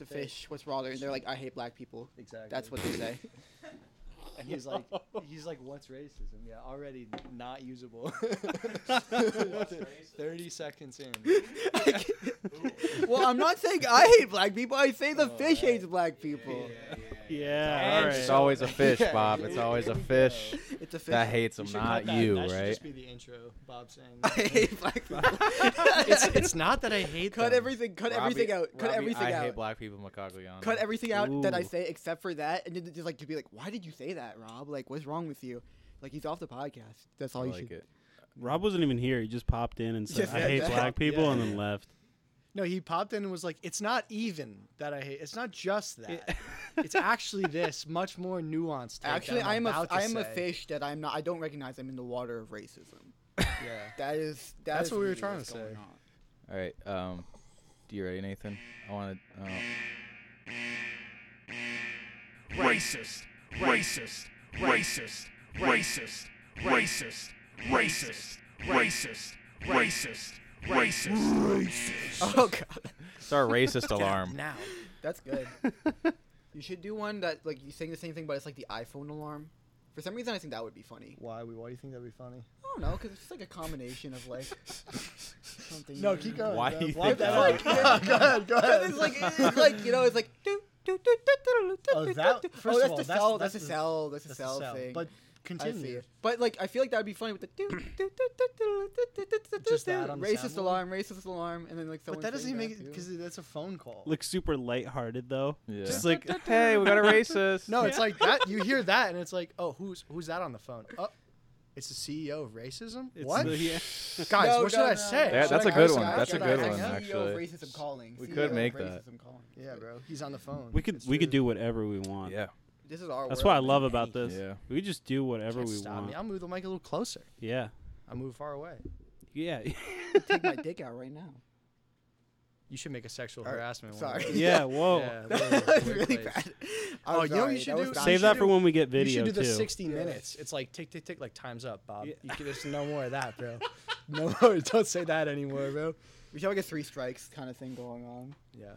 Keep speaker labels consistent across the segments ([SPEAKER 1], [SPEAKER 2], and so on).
[SPEAKER 1] a fish. What's wrong? And they're like, I hate black people.
[SPEAKER 2] Exactly.
[SPEAKER 1] That's what they say.
[SPEAKER 2] And he's like, he's like, what's racism? Yeah, already not usable. Thirty seconds in.
[SPEAKER 1] well, I'm not saying I hate black people. I say the
[SPEAKER 2] Oh,
[SPEAKER 1] fish
[SPEAKER 2] right.
[SPEAKER 1] hates black people.
[SPEAKER 3] Yeah. All
[SPEAKER 2] And
[SPEAKER 3] right.
[SPEAKER 4] It's
[SPEAKER 2] so-
[SPEAKER 4] always a fish,
[SPEAKER 2] Yeah,
[SPEAKER 4] Bob.
[SPEAKER 2] here
[SPEAKER 4] It's
[SPEAKER 2] we-
[SPEAKER 4] always
[SPEAKER 2] here
[SPEAKER 4] a
[SPEAKER 2] we
[SPEAKER 4] fish
[SPEAKER 2] go.
[SPEAKER 1] It's a fish.
[SPEAKER 4] that hates
[SPEAKER 2] We
[SPEAKER 4] them,
[SPEAKER 2] should cut
[SPEAKER 4] not
[SPEAKER 2] that.
[SPEAKER 4] you,
[SPEAKER 2] that should
[SPEAKER 4] right?
[SPEAKER 2] Just be the intro, Bob saying.
[SPEAKER 1] I hate black people.
[SPEAKER 3] it's, it's not that I hate
[SPEAKER 1] cut
[SPEAKER 3] them.
[SPEAKER 1] everything. Cut everything out. Cut everything
[SPEAKER 4] I
[SPEAKER 1] out.
[SPEAKER 4] hate black people, Macagliano.
[SPEAKER 1] Cut everything out that I
[SPEAKER 3] Ooh.
[SPEAKER 1] say except for that, and then just like to be like, why did you say that, Rob? Like, what's wrong with you? Like, he's off the podcast. That's all
[SPEAKER 4] I
[SPEAKER 1] you
[SPEAKER 4] like
[SPEAKER 1] should.
[SPEAKER 4] it.
[SPEAKER 3] Rob wasn't even here. He just popped in and said,
[SPEAKER 1] Just
[SPEAKER 3] "I
[SPEAKER 1] said
[SPEAKER 3] hate
[SPEAKER 1] that.
[SPEAKER 3] black people," and then
[SPEAKER 2] Yeah.
[SPEAKER 3] left.
[SPEAKER 2] No, he popped in and was like, "It's not even that I hate. It's not just that. it's actually this much more nuanced." take that
[SPEAKER 1] Actually,
[SPEAKER 2] I'm
[SPEAKER 1] I am a
[SPEAKER 2] about to
[SPEAKER 1] I am a
[SPEAKER 2] say."
[SPEAKER 1] fish that I'm not. I don't recognize. I'm in the water of racism.
[SPEAKER 2] Yeah.
[SPEAKER 1] That is
[SPEAKER 2] That's
[SPEAKER 1] is
[SPEAKER 2] what we were
[SPEAKER 1] really
[SPEAKER 2] trying
[SPEAKER 1] what's
[SPEAKER 2] to say.
[SPEAKER 1] going on.
[SPEAKER 4] All right. Um, do you ready, Nathan? I want to. Oh.
[SPEAKER 5] racist, racist, racist, racist, racist, racist, racist, racist, racist, racist.
[SPEAKER 1] Oh god,
[SPEAKER 4] It's our racist alarm.
[SPEAKER 2] Now.
[SPEAKER 1] that's good. you should do one that like you sing the same thing, but it's like the iPhone alarm. For some reason, I think that would be funny.
[SPEAKER 2] Why? we- Why do you think that'd be funny?
[SPEAKER 1] I don't know, because it's just like a combination of like something.
[SPEAKER 2] No, keep going.
[SPEAKER 4] Why
[SPEAKER 2] Bob.
[SPEAKER 4] do you
[SPEAKER 2] Why
[SPEAKER 4] think
[SPEAKER 2] that
[SPEAKER 4] that
[SPEAKER 2] out.
[SPEAKER 4] would
[SPEAKER 2] go ahead. Go ahead.
[SPEAKER 1] it's like it's like you know, it's like. doo, doo, doo, doo, doo, doo,
[SPEAKER 2] Oh,
[SPEAKER 1] doo,
[SPEAKER 2] that-
[SPEAKER 1] doo.
[SPEAKER 2] first
[SPEAKER 1] oh,
[SPEAKER 2] of
[SPEAKER 1] that's
[SPEAKER 2] all,
[SPEAKER 1] the cell. That's
[SPEAKER 2] that's- that's
[SPEAKER 1] a
[SPEAKER 2] the-
[SPEAKER 1] cell. That's a
[SPEAKER 2] That's the
[SPEAKER 1] cell
[SPEAKER 2] cell.
[SPEAKER 1] thing.
[SPEAKER 2] But
[SPEAKER 1] I
[SPEAKER 2] continue.
[SPEAKER 1] see it. But like, I feel like that would be funny with the doo, doo, doo, doo, doo, doo, doo, doo, doo,
[SPEAKER 2] Just
[SPEAKER 1] doo.
[SPEAKER 2] that on the
[SPEAKER 1] racist
[SPEAKER 2] sound
[SPEAKER 1] alarm, racist alarm, and then like.
[SPEAKER 2] But
[SPEAKER 1] someone
[SPEAKER 2] that doesn't
[SPEAKER 1] saying
[SPEAKER 2] even make it
[SPEAKER 1] too.
[SPEAKER 2] because that's a phone call.
[SPEAKER 3] Look super lighthearted though.
[SPEAKER 4] Yeah.
[SPEAKER 3] Just like,
[SPEAKER 4] hey, we got a racist.
[SPEAKER 2] no, it's like that. You hear that, and it's like, oh, who's who's that on the phone? Oh, it's the CEO of racism.
[SPEAKER 3] it's
[SPEAKER 2] what,
[SPEAKER 3] the- yeah.
[SPEAKER 2] guys?
[SPEAKER 1] No,
[SPEAKER 2] what should
[SPEAKER 1] no, no,
[SPEAKER 2] I say?
[SPEAKER 1] no.
[SPEAKER 4] Yeah,
[SPEAKER 2] Should
[SPEAKER 4] that's
[SPEAKER 2] I call
[SPEAKER 4] a good
[SPEAKER 2] some
[SPEAKER 4] one.
[SPEAKER 2] guy?
[SPEAKER 4] That's a
[SPEAKER 2] Should I
[SPEAKER 4] good
[SPEAKER 2] hang
[SPEAKER 4] one,
[SPEAKER 2] up?
[SPEAKER 4] actually.
[SPEAKER 1] CEO of racism calling.
[SPEAKER 4] We
[SPEAKER 1] CEO
[SPEAKER 4] could
[SPEAKER 1] of
[SPEAKER 4] make that.
[SPEAKER 1] racism Calling.
[SPEAKER 2] Yeah, bro. He's on the phone.
[SPEAKER 3] we could
[SPEAKER 2] It's
[SPEAKER 3] we could
[SPEAKER 2] true.
[SPEAKER 3] do whatever we want.
[SPEAKER 4] Yeah.
[SPEAKER 1] This is our.
[SPEAKER 3] That's
[SPEAKER 1] world.
[SPEAKER 3] what I love about this.
[SPEAKER 4] Yeah.
[SPEAKER 3] We just do whatever
[SPEAKER 2] Can't
[SPEAKER 3] we
[SPEAKER 2] stop
[SPEAKER 3] want.
[SPEAKER 2] me. I'll move the mic a little closer.
[SPEAKER 3] Yeah.
[SPEAKER 2] I move far away.
[SPEAKER 3] Yeah.
[SPEAKER 1] Take my dick out right now.
[SPEAKER 2] You should make a sexual
[SPEAKER 1] All right,
[SPEAKER 2] harassment. one.
[SPEAKER 1] sorry.
[SPEAKER 3] yeah.
[SPEAKER 4] Oh.
[SPEAKER 3] Whoa.
[SPEAKER 2] Yeah,
[SPEAKER 1] That was really
[SPEAKER 2] workplace.
[SPEAKER 1] bad.
[SPEAKER 2] Oh, you know what
[SPEAKER 1] Sorry,
[SPEAKER 2] you
[SPEAKER 1] that
[SPEAKER 2] should do?
[SPEAKER 1] was
[SPEAKER 3] Save
[SPEAKER 2] should
[SPEAKER 3] that
[SPEAKER 2] do-
[SPEAKER 3] for when we get
[SPEAKER 2] you
[SPEAKER 3] video
[SPEAKER 2] should do
[SPEAKER 3] too.
[SPEAKER 2] the 60
[SPEAKER 1] Yeah.
[SPEAKER 2] minutes. It's like tick, tick, tick, like time's up, Bob.
[SPEAKER 3] Yeah.
[SPEAKER 2] You can, there's no more of that, bro. no more. Don't say that anymore, bro.
[SPEAKER 1] We should have like a three strikes kind of thing going on.
[SPEAKER 2] Yeah.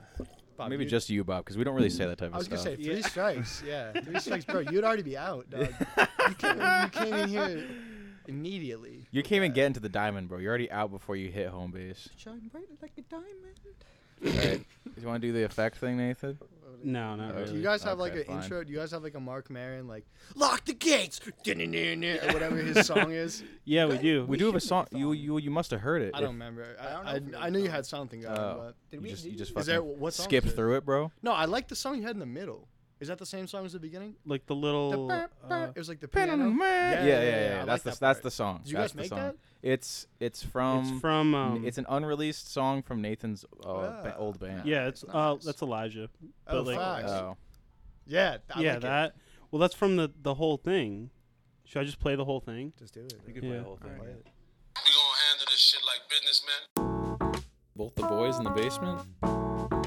[SPEAKER 2] Bob,
[SPEAKER 4] Maybe
[SPEAKER 2] you-
[SPEAKER 4] just you, Bob, because we don't really say that type
[SPEAKER 2] I
[SPEAKER 4] of
[SPEAKER 2] was
[SPEAKER 4] stuff.
[SPEAKER 2] gonna say three
[SPEAKER 3] Yeah.
[SPEAKER 2] strikes. Yeah, three strikes, bro. You'd already be out, dog. You came, you came in here immediately.
[SPEAKER 4] you can't even get into the diamond, bro. You're already out before you hit home base.
[SPEAKER 1] Shine bright like a diamond.
[SPEAKER 4] All right. you want to do the effect thing, Nathan?
[SPEAKER 3] No, not
[SPEAKER 4] Okay.
[SPEAKER 2] Do Oh, you
[SPEAKER 3] really.
[SPEAKER 2] guys have
[SPEAKER 4] Okay,
[SPEAKER 2] like an
[SPEAKER 4] fine.
[SPEAKER 2] intro? Do you guys have like a Mark Maron like lock the gates, or whatever his song is?
[SPEAKER 3] Yeah, we do.
[SPEAKER 4] We, do have a song. You you you must have heard it.
[SPEAKER 2] I don't remember. I
[SPEAKER 1] I don't know
[SPEAKER 2] I,
[SPEAKER 1] if we
[SPEAKER 2] I,
[SPEAKER 1] have
[SPEAKER 2] knew you
[SPEAKER 1] songs.
[SPEAKER 2] had something going,
[SPEAKER 4] Oh.
[SPEAKER 2] but
[SPEAKER 1] Did
[SPEAKER 4] You
[SPEAKER 1] we?
[SPEAKER 4] just
[SPEAKER 1] did
[SPEAKER 4] you
[SPEAKER 1] we-
[SPEAKER 4] just
[SPEAKER 2] is there
[SPEAKER 4] fucking
[SPEAKER 2] what song?
[SPEAKER 4] skip
[SPEAKER 2] is it?
[SPEAKER 4] through it, bro.
[SPEAKER 2] No, I like the song you had in the middle. Is that the same song as the beginning?
[SPEAKER 3] Like the little.
[SPEAKER 2] The
[SPEAKER 3] uh,
[SPEAKER 2] it was like the
[SPEAKER 4] Yeah,
[SPEAKER 2] piano.
[SPEAKER 4] yeah, yeah.
[SPEAKER 2] yeah, yeah, I like
[SPEAKER 4] That's the
[SPEAKER 2] that
[SPEAKER 4] that's
[SPEAKER 2] part.
[SPEAKER 4] the song.
[SPEAKER 2] Did you
[SPEAKER 4] that's
[SPEAKER 2] guys
[SPEAKER 4] the
[SPEAKER 2] make
[SPEAKER 4] song.
[SPEAKER 2] that?
[SPEAKER 4] It's it's from
[SPEAKER 3] it's from. Um,
[SPEAKER 4] it's an unreleased song from Nathan's uh, ba-
[SPEAKER 2] Ah.
[SPEAKER 4] old band.
[SPEAKER 3] yeah, it's uh, that's Elijah.
[SPEAKER 2] Oh,
[SPEAKER 3] But like, uh,
[SPEAKER 2] fuck.
[SPEAKER 4] Oh.
[SPEAKER 2] Yeah, I
[SPEAKER 3] yeah,
[SPEAKER 2] like it.
[SPEAKER 3] that. Well, that's from the the whole thing. Should I just play the whole thing?
[SPEAKER 2] Just do it.
[SPEAKER 3] play the Yeah.
[SPEAKER 4] whole
[SPEAKER 2] Play it.
[SPEAKER 6] We gonna handle this shit like businessmen.
[SPEAKER 4] Both the boys in the basement.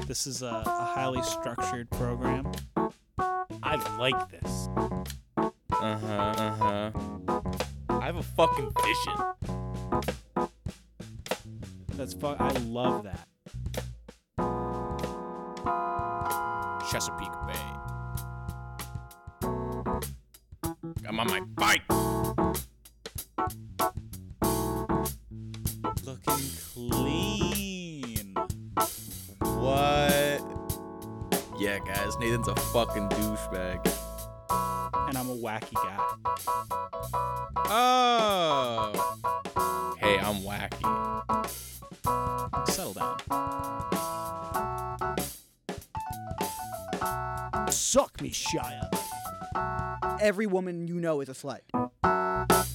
[SPEAKER 7] This is a, a highly structured program. I like this.
[SPEAKER 4] Uh huh. Uh huh.
[SPEAKER 7] I have a fucking vision. That's fuck. I love that.
[SPEAKER 5] Chesapeake Bay. I'm on my bike.
[SPEAKER 7] Looking clean.
[SPEAKER 4] What? Yeah, guys, Nathan's a fucking douchebag.
[SPEAKER 7] And I'm a wacky guy.
[SPEAKER 4] Oh. Hey, I'm wacky.
[SPEAKER 7] Settle down. Suck me, Shia.
[SPEAKER 1] Every woman you know is a slut. Thank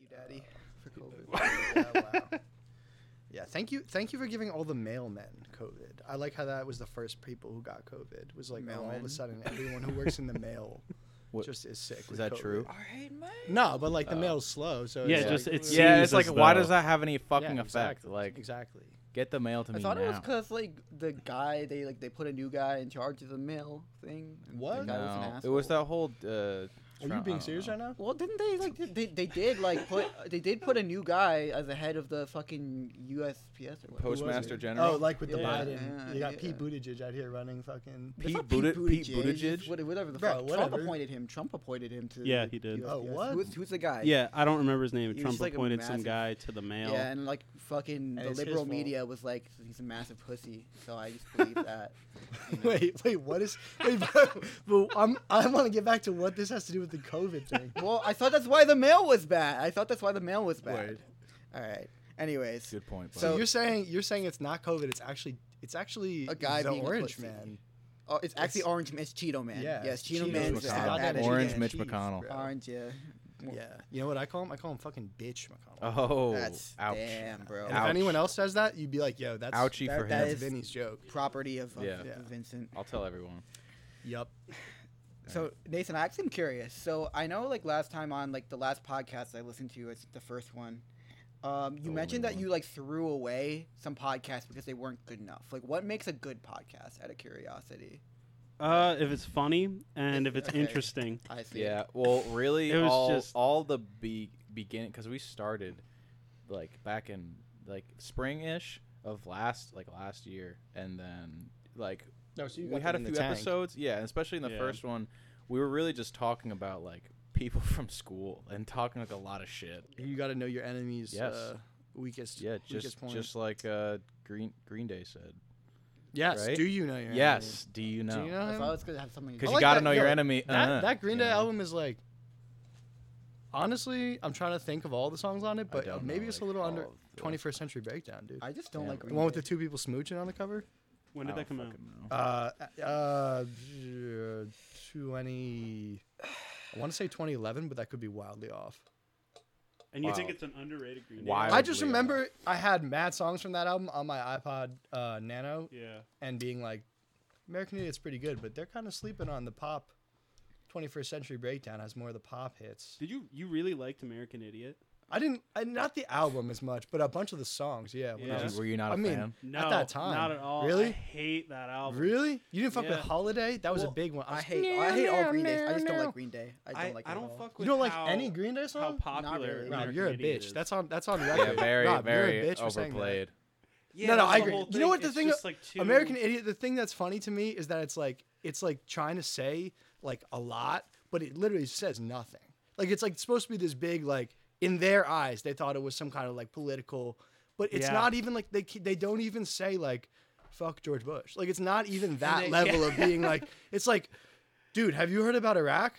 [SPEAKER 1] you, Daddy, for COVID.
[SPEAKER 2] Yeah, wow. Yeah, thank you, thank you for giving all the mailmen COVID. I like how that was the first people who got COVID. Was like all of a
[SPEAKER 1] Mailmen?
[SPEAKER 2] sudden everyone who works in the mail
[SPEAKER 4] What-
[SPEAKER 2] just is sick.
[SPEAKER 4] Is
[SPEAKER 2] with
[SPEAKER 4] that
[SPEAKER 2] COVID.
[SPEAKER 4] true?
[SPEAKER 2] No, but like the mail's slow, so
[SPEAKER 3] Yeah,
[SPEAKER 2] it's
[SPEAKER 3] just
[SPEAKER 2] like,
[SPEAKER 3] it's
[SPEAKER 4] Yeah,
[SPEAKER 3] seems
[SPEAKER 4] it's like,
[SPEAKER 3] as
[SPEAKER 4] why
[SPEAKER 3] though-
[SPEAKER 4] does that have any
[SPEAKER 2] yeah,
[SPEAKER 4] fucking effect?
[SPEAKER 2] exactly,
[SPEAKER 4] Like,
[SPEAKER 2] exactly.
[SPEAKER 4] get the mail to
[SPEAKER 1] I
[SPEAKER 4] me
[SPEAKER 1] thought
[SPEAKER 4] now.
[SPEAKER 1] it was because like the guy they like they put a new guy in charge of the mail thing. and the
[SPEAKER 2] What?
[SPEAKER 1] guy was an
[SPEAKER 4] No, it
[SPEAKER 1] asshole.
[SPEAKER 4] was that whole uh,
[SPEAKER 2] Are you
[SPEAKER 4] Trump- I
[SPEAKER 2] being
[SPEAKER 4] don't
[SPEAKER 2] serious
[SPEAKER 4] know.
[SPEAKER 2] right now?
[SPEAKER 1] Well, didn't they like they, they did like put they did put a new guy as the head of the fucking USPS or whatever.
[SPEAKER 2] was it?
[SPEAKER 4] Postmaster General.
[SPEAKER 2] Oh, like with the
[SPEAKER 7] Yeah.
[SPEAKER 2] Biden. you
[SPEAKER 1] Yeah,
[SPEAKER 2] got Pete
[SPEAKER 1] yeah.
[SPEAKER 2] Buttigieg out here running fucking.
[SPEAKER 1] It's not
[SPEAKER 4] Buttig- Pete Buttigieg?
[SPEAKER 1] what- Whatever the
[SPEAKER 2] Bro,
[SPEAKER 1] fuck. Trump
[SPEAKER 2] whatever.
[SPEAKER 1] appointed him. Trump appointed him to.
[SPEAKER 3] Yeah,
[SPEAKER 1] the
[SPEAKER 3] he did.
[SPEAKER 2] Oh,
[SPEAKER 1] USPS.
[SPEAKER 2] what?
[SPEAKER 1] Who's, who's the guy?
[SPEAKER 3] Yeah, I don't remember his name.
[SPEAKER 1] He was
[SPEAKER 3] Trump
[SPEAKER 1] just, like, a
[SPEAKER 3] appointed some
[SPEAKER 1] massive-
[SPEAKER 3] guy to the mail.
[SPEAKER 1] Yeah, and like fucking the
[SPEAKER 2] it's his
[SPEAKER 1] liberal
[SPEAKER 2] fault.
[SPEAKER 1] media was like, he's a massive pussy. So I just believe that. you know?
[SPEAKER 2] Wait, wait, what is? Wait, bro, but I'm I want to get back to what this has to do with the COVID thing.
[SPEAKER 1] Well, I thought that's why the mail was bad. I thought that's why the mail was bad.
[SPEAKER 2] Word.
[SPEAKER 1] All right. Anyways,
[SPEAKER 4] Good point. bud.
[SPEAKER 2] So
[SPEAKER 1] So-
[SPEAKER 2] you're saying you're saying it's not COVID. It's actually it's actually
[SPEAKER 1] A guy
[SPEAKER 2] the
[SPEAKER 1] being a
[SPEAKER 2] orange
[SPEAKER 1] pussy.
[SPEAKER 2] man.
[SPEAKER 1] oh, it's actually
[SPEAKER 2] it's-
[SPEAKER 1] Orange. It's Cheeto Man.
[SPEAKER 2] Yeah,
[SPEAKER 1] yes,
[SPEAKER 2] it's
[SPEAKER 1] Cheeto,
[SPEAKER 2] Cheeto
[SPEAKER 1] Man's
[SPEAKER 2] Mitch
[SPEAKER 1] the
[SPEAKER 2] McConnell.
[SPEAKER 1] attitude.
[SPEAKER 4] Orange
[SPEAKER 1] yeah.
[SPEAKER 4] Mitch
[SPEAKER 2] Cheese,
[SPEAKER 4] McConnell.
[SPEAKER 2] bro.
[SPEAKER 1] Orange, yeah.
[SPEAKER 2] Yeah. You know what I call him? I call him fucking bitch McConnell.
[SPEAKER 4] oh,
[SPEAKER 1] That's
[SPEAKER 4] ouch.
[SPEAKER 1] damn, bro.
[SPEAKER 2] And if
[SPEAKER 4] Ouch.
[SPEAKER 2] anyone else says that, you'd be like, yo, that's
[SPEAKER 4] Ouchie
[SPEAKER 2] that-
[SPEAKER 4] for
[SPEAKER 2] That's
[SPEAKER 1] him.
[SPEAKER 2] Vinny's joke.
[SPEAKER 1] Property of, of
[SPEAKER 4] Yeah.
[SPEAKER 1] of
[SPEAKER 2] Yeah.
[SPEAKER 1] Vincent.
[SPEAKER 4] I'll tell everyone.
[SPEAKER 2] Yup.
[SPEAKER 1] So Nathan, I actually am curious. So I know, like last time on like the last podcast I listened to, it's the first one. Um, you
[SPEAKER 4] only
[SPEAKER 1] mentioned that
[SPEAKER 4] one.
[SPEAKER 1] you like threw away some podcasts because they weren't good enough. Like, what makes a good podcast? Out of curiosity,
[SPEAKER 3] Uh, if it's funny and if it's
[SPEAKER 1] Okay.
[SPEAKER 3] interesting,
[SPEAKER 1] I see.
[SPEAKER 4] Yeah. Well, really,
[SPEAKER 3] It was
[SPEAKER 4] all
[SPEAKER 3] just-
[SPEAKER 4] all the be- beginning because we started like back in like spring ish of last like last year, and then like
[SPEAKER 2] No, so
[SPEAKER 4] we had a few episodes. Yeah, and especially in the
[SPEAKER 3] Yeah.
[SPEAKER 4] first one, we were really just talking about like people from school and talking like a lot of shit.
[SPEAKER 2] You got to know your enemies.
[SPEAKER 4] Yes.
[SPEAKER 2] Uh, weakest.
[SPEAKER 4] Yeah,
[SPEAKER 2] Weakest
[SPEAKER 4] just
[SPEAKER 2] point.
[SPEAKER 4] just like uh, Green Green Day said.
[SPEAKER 2] yes.
[SPEAKER 4] right?
[SPEAKER 2] Do you know your? enemies?
[SPEAKER 4] Yes. Do you know?
[SPEAKER 2] Do you know
[SPEAKER 1] I
[SPEAKER 2] him?
[SPEAKER 1] thought it was gonna have something.
[SPEAKER 4] Because
[SPEAKER 2] I
[SPEAKER 4] you
[SPEAKER 2] like
[SPEAKER 4] gotta
[SPEAKER 2] that-
[SPEAKER 4] know your
[SPEAKER 2] yo,
[SPEAKER 4] enemy.
[SPEAKER 2] that,
[SPEAKER 4] uh,
[SPEAKER 2] that Green
[SPEAKER 4] you
[SPEAKER 2] Day
[SPEAKER 4] know?
[SPEAKER 2] album is like. Honestly, I'm trying to think of all the songs on it, but uh,
[SPEAKER 4] don't
[SPEAKER 2] maybe
[SPEAKER 4] know,
[SPEAKER 2] it's a
[SPEAKER 4] like,
[SPEAKER 2] little
[SPEAKER 4] all
[SPEAKER 2] under
[SPEAKER 4] of the-
[SPEAKER 2] 21st Century Breakdown, dude.
[SPEAKER 1] I just don't
[SPEAKER 4] Yeah,
[SPEAKER 1] like
[SPEAKER 4] but-
[SPEAKER 2] the
[SPEAKER 1] Green
[SPEAKER 2] one with
[SPEAKER 1] Day.
[SPEAKER 2] the two people smooching on the cover.
[SPEAKER 3] when did
[SPEAKER 4] I
[SPEAKER 3] that
[SPEAKER 4] don't
[SPEAKER 3] come out?
[SPEAKER 4] fucking know.
[SPEAKER 2] Uh, uh, 20. I want to say 2011, but that could be wildly off.
[SPEAKER 3] And you think
[SPEAKER 4] Wow.
[SPEAKER 3] it's an underrated Green Day?
[SPEAKER 4] Why
[SPEAKER 3] album?
[SPEAKER 2] I just
[SPEAKER 4] Probably
[SPEAKER 2] remember I had mad songs from that album on my iPod uh, Nano
[SPEAKER 3] Yeah.
[SPEAKER 2] and being like, American Idiot's pretty good, but they're kind of sleeping on the pop. 21st Century Breakdown has more of the pop hits.
[SPEAKER 3] Did you you really liked American Idiot?
[SPEAKER 2] I didn't, I, not the album as much, but a bunch of the songs. Yeah. when I
[SPEAKER 3] Yeah.
[SPEAKER 2] was-
[SPEAKER 4] Were you not a
[SPEAKER 2] I mean,
[SPEAKER 4] fan?
[SPEAKER 3] No,
[SPEAKER 2] at that time,
[SPEAKER 3] not at all. I
[SPEAKER 2] Really,
[SPEAKER 3] hate that album.
[SPEAKER 2] really, you didn't fuck
[SPEAKER 3] Yeah.
[SPEAKER 2] with Holiday. That was
[SPEAKER 1] Well,
[SPEAKER 2] a big one.
[SPEAKER 1] I
[SPEAKER 2] was-
[SPEAKER 1] hate. I hate all Green Days. I just don't like Green Day. I don't
[SPEAKER 3] I,
[SPEAKER 1] like. it
[SPEAKER 3] I
[SPEAKER 1] at
[SPEAKER 3] don't
[SPEAKER 1] all.
[SPEAKER 3] fuck with
[SPEAKER 2] You don't like
[SPEAKER 3] how-
[SPEAKER 2] any Green Day
[SPEAKER 3] how
[SPEAKER 2] song?
[SPEAKER 3] popular.
[SPEAKER 1] really.
[SPEAKER 2] Rob,
[SPEAKER 3] American
[SPEAKER 2] you're a
[SPEAKER 3] Idiot
[SPEAKER 2] bitch.
[SPEAKER 3] is.
[SPEAKER 2] That's on. That's on
[SPEAKER 4] Yeah,
[SPEAKER 2] record.
[SPEAKER 4] very,
[SPEAKER 2] Rob, you're a
[SPEAKER 4] very
[SPEAKER 2] bitch for saying that.
[SPEAKER 4] overplayed.
[SPEAKER 3] Yeah,
[SPEAKER 2] no, no,
[SPEAKER 3] that's
[SPEAKER 2] I
[SPEAKER 3] the
[SPEAKER 2] agree.
[SPEAKER 3] whole
[SPEAKER 2] You know what the
[SPEAKER 3] It's
[SPEAKER 2] thing?
[SPEAKER 3] just, like too-
[SPEAKER 2] American Idiot. The thing that's funny to me is that it's like it's like trying to say like a lot, but it literally says nothing. Like it's like supposed to be this big. Like in their eyes, they thought it was some kind of like political, but it's
[SPEAKER 3] Yeah.
[SPEAKER 2] not even like they ke- they don't even say like fuck George Bush. Like it's not even that
[SPEAKER 3] they-
[SPEAKER 2] level of being like it's like, dude, have you heard about Iraq?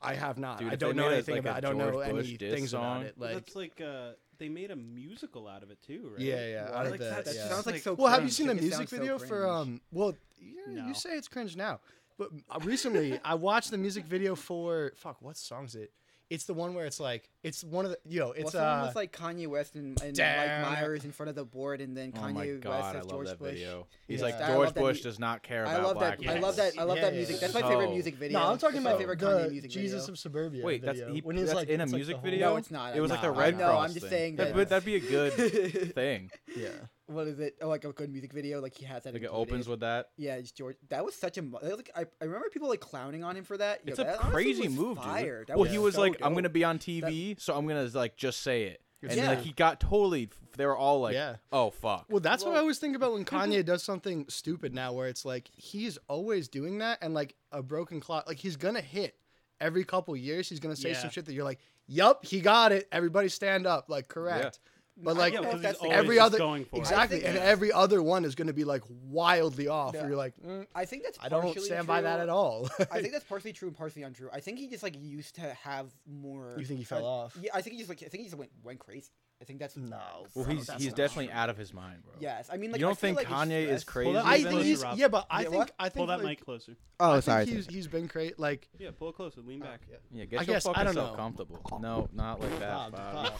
[SPEAKER 2] I have not.
[SPEAKER 4] Dude,
[SPEAKER 2] I
[SPEAKER 4] if they
[SPEAKER 2] don't know
[SPEAKER 4] made a-
[SPEAKER 2] anything
[SPEAKER 4] like,
[SPEAKER 2] about.
[SPEAKER 4] a
[SPEAKER 2] I don't know
[SPEAKER 4] George Bush
[SPEAKER 2] any
[SPEAKER 4] diss
[SPEAKER 2] things
[SPEAKER 4] song,
[SPEAKER 2] about it.
[SPEAKER 3] Well,
[SPEAKER 2] Like
[SPEAKER 3] that's like uh, they made a musical out of it too, right?
[SPEAKER 2] Yeah, yeah,
[SPEAKER 3] Well,
[SPEAKER 2] out of
[SPEAKER 3] like,
[SPEAKER 2] the-
[SPEAKER 3] that's
[SPEAKER 2] yeah.
[SPEAKER 3] just
[SPEAKER 1] Sounds like so
[SPEAKER 2] Well, have you
[SPEAKER 1] cringe.
[SPEAKER 2] seen the
[SPEAKER 1] It sounds
[SPEAKER 2] music
[SPEAKER 1] so
[SPEAKER 2] video for
[SPEAKER 1] cringe.
[SPEAKER 2] um? Well, yeah,
[SPEAKER 3] No.
[SPEAKER 2] you say it's cringe now, but uh, recently I watched the music video for fuck. What song's it? It's the one where it's like it's one of the yo.
[SPEAKER 1] Well,
[SPEAKER 2] It's
[SPEAKER 1] someone
[SPEAKER 2] uh.
[SPEAKER 1] was like Kanye West and, and Mike
[SPEAKER 2] Damn.
[SPEAKER 1] Myers in front of the board, and then
[SPEAKER 4] Oh my
[SPEAKER 1] Kanye West
[SPEAKER 4] god, I
[SPEAKER 1] says
[SPEAKER 4] love
[SPEAKER 1] George
[SPEAKER 4] that
[SPEAKER 1] Bush.
[SPEAKER 4] video. He's
[SPEAKER 2] Yeah.
[SPEAKER 4] like
[SPEAKER 1] I
[SPEAKER 4] George
[SPEAKER 1] love that
[SPEAKER 4] Bush
[SPEAKER 1] mu-
[SPEAKER 4] does not care
[SPEAKER 1] I
[SPEAKER 4] about
[SPEAKER 1] love
[SPEAKER 4] black
[SPEAKER 1] that. I love that. I love
[SPEAKER 2] Yeah,
[SPEAKER 1] that
[SPEAKER 2] yeah,
[SPEAKER 1] music.
[SPEAKER 2] yeah.
[SPEAKER 1] That's my favorite
[SPEAKER 4] So-
[SPEAKER 1] music video.
[SPEAKER 2] no, I'm talking
[SPEAKER 1] It's my
[SPEAKER 2] about
[SPEAKER 1] favorite
[SPEAKER 2] Oh, the
[SPEAKER 1] Kanye music
[SPEAKER 2] Jesus
[SPEAKER 1] video.
[SPEAKER 2] of Suburbia.
[SPEAKER 4] Wait, that's
[SPEAKER 2] video.
[SPEAKER 4] he,
[SPEAKER 2] when he's
[SPEAKER 4] that's
[SPEAKER 2] like
[SPEAKER 4] in a
[SPEAKER 2] it's, like, the
[SPEAKER 4] music
[SPEAKER 2] whole-
[SPEAKER 4] video.
[SPEAKER 1] No, it's not.
[SPEAKER 4] It was
[SPEAKER 1] It's
[SPEAKER 4] like the
[SPEAKER 2] not.
[SPEAKER 4] Red
[SPEAKER 1] No, I'm
[SPEAKER 4] Cross
[SPEAKER 1] just
[SPEAKER 4] thing.
[SPEAKER 1] saying
[SPEAKER 4] That,
[SPEAKER 1] that-
[SPEAKER 4] would that'd be a good thing.
[SPEAKER 2] Yeah,
[SPEAKER 1] What is it? Oh, like a good music video. Like he has that.
[SPEAKER 4] Like it
[SPEAKER 1] included.
[SPEAKER 4] opens with that.
[SPEAKER 1] Yeah, it's George. That was such a. mo- that was, Like I, I remember people like clowning on him for that. Yo,
[SPEAKER 4] It's
[SPEAKER 1] that
[SPEAKER 4] a
[SPEAKER 1] honestly
[SPEAKER 4] crazy
[SPEAKER 1] was
[SPEAKER 4] move,
[SPEAKER 1] fire.
[SPEAKER 4] dude.
[SPEAKER 1] That
[SPEAKER 4] Well, he was
[SPEAKER 1] so
[SPEAKER 4] like, "I'm
[SPEAKER 1] dope.
[SPEAKER 4] gonna be on TV, so I'm gonna like just say it," and
[SPEAKER 1] Yeah.
[SPEAKER 4] like he got totally. They were all like,
[SPEAKER 2] Yeah.
[SPEAKER 4] "Oh fuck."
[SPEAKER 2] Well, that's what I always think about when Kanye does something stupid now, where it's like he's always doing that, and like a broken clock, like he's gonna hit every couple years. He's gonna say
[SPEAKER 7] Yeah.
[SPEAKER 2] some shit that you're like, "Yup, he got it." Everybody stand up, like correct. But
[SPEAKER 1] I
[SPEAKER 2] like
[SPEAKER 1] don't know if
[SPEAKER 3] because
[SPEAKER 1] that's
[SPEAKER 3] he's
[SPEAKER 1] the-
[SPEAKER 3] always
[SPEAKER 2] every
[SPEAKER 3] just
[SPEAKER 2] other
[SPEAKER 3] going for it.
[SPEAKER 2] exactly,
[SPEAKER 1] think
[SPEAKER 2] and
[SPEAKER 1] that's-
[SPEAKER 2] every other one is gonna be like wildly off.
[SPEAKER 1] Yeah.
[SPEAKER 2] Where you're like, "Mm,
[SPEAKER 1] I think that's.
[SPEAKER 2] I don't
[SPEAKER 1] partially
[SPEAKER 2] stand by that
[SPEAKER 1] true.
[SPEAKER 2] at all.
[SPEAKER 1] I think that's partially true and partially untrue. I think he just like used to have more.
[SPEAKER 2] You think he fell
[SPEAKER 1] uh,
[SPEAKER 2] off?
[SPEAKER 1] Yeah, I think he just like I think he just went went crazy. I think that's
[SPEAKER 2] No.
[SPEAKER 4] Well, he's
[SPEAKER 2] That's
[SPEAKER 4] he's
[SPEAKER 2] not
[SPEAKER 4] definitely out of his mind, bro.
[SPEAKER 1] Yes, I mean like
[SPEAKER 4] you
[SPEAKER 1] I
[SPEAKER 4] don't
[SPEAKER 1] feel
[SPEAKER 4] think
[SPEAKER 1] like
[SPEAKER 4] Kanye
[SPEAKER 1] it's
[SPEAKER 4] is
[SPEAKER 1] stress.
[SPEAKER 4] crazy?
[SPEAKER 3] Well,
[SPEAKER 2] I
[SPEAKER 3] Pull
[SPEAKER 2] think
[SPEAKER 3] that
[SPEAKER 2] he's
[SPEAKER 3] mic
[SPEAKER 2] yeah, but I
[SPEAKER 1] Yeah,
[SPEAKER 2] think
[SPEAKER 1] what?
[SPEAKER 2] I
[SPEAKER 3] Pull
[SPEAKER 2] think
[SPEAKER 3] that
[SPEAKER 2] like,
[SPEAKER 3] mic closer.
[SPEAKER 1] Oh,
[SPEAKER 2] I think he's he's been great. Like
[SPEAKER 3] Yeah, pull it closer. Lean back.
[SPEAKER 4] Yeah, get
[SPEAKER 2] I
[SPEAKER 4] your
[SPEAKER 2] guess- I
[SPEAKER 4] fucking
[SPEAKER 2] don't
[SPEAKER 4] self
[SPEAKER 2] know.
[SPEAKER 4] comfortable. No, not like that. Bob.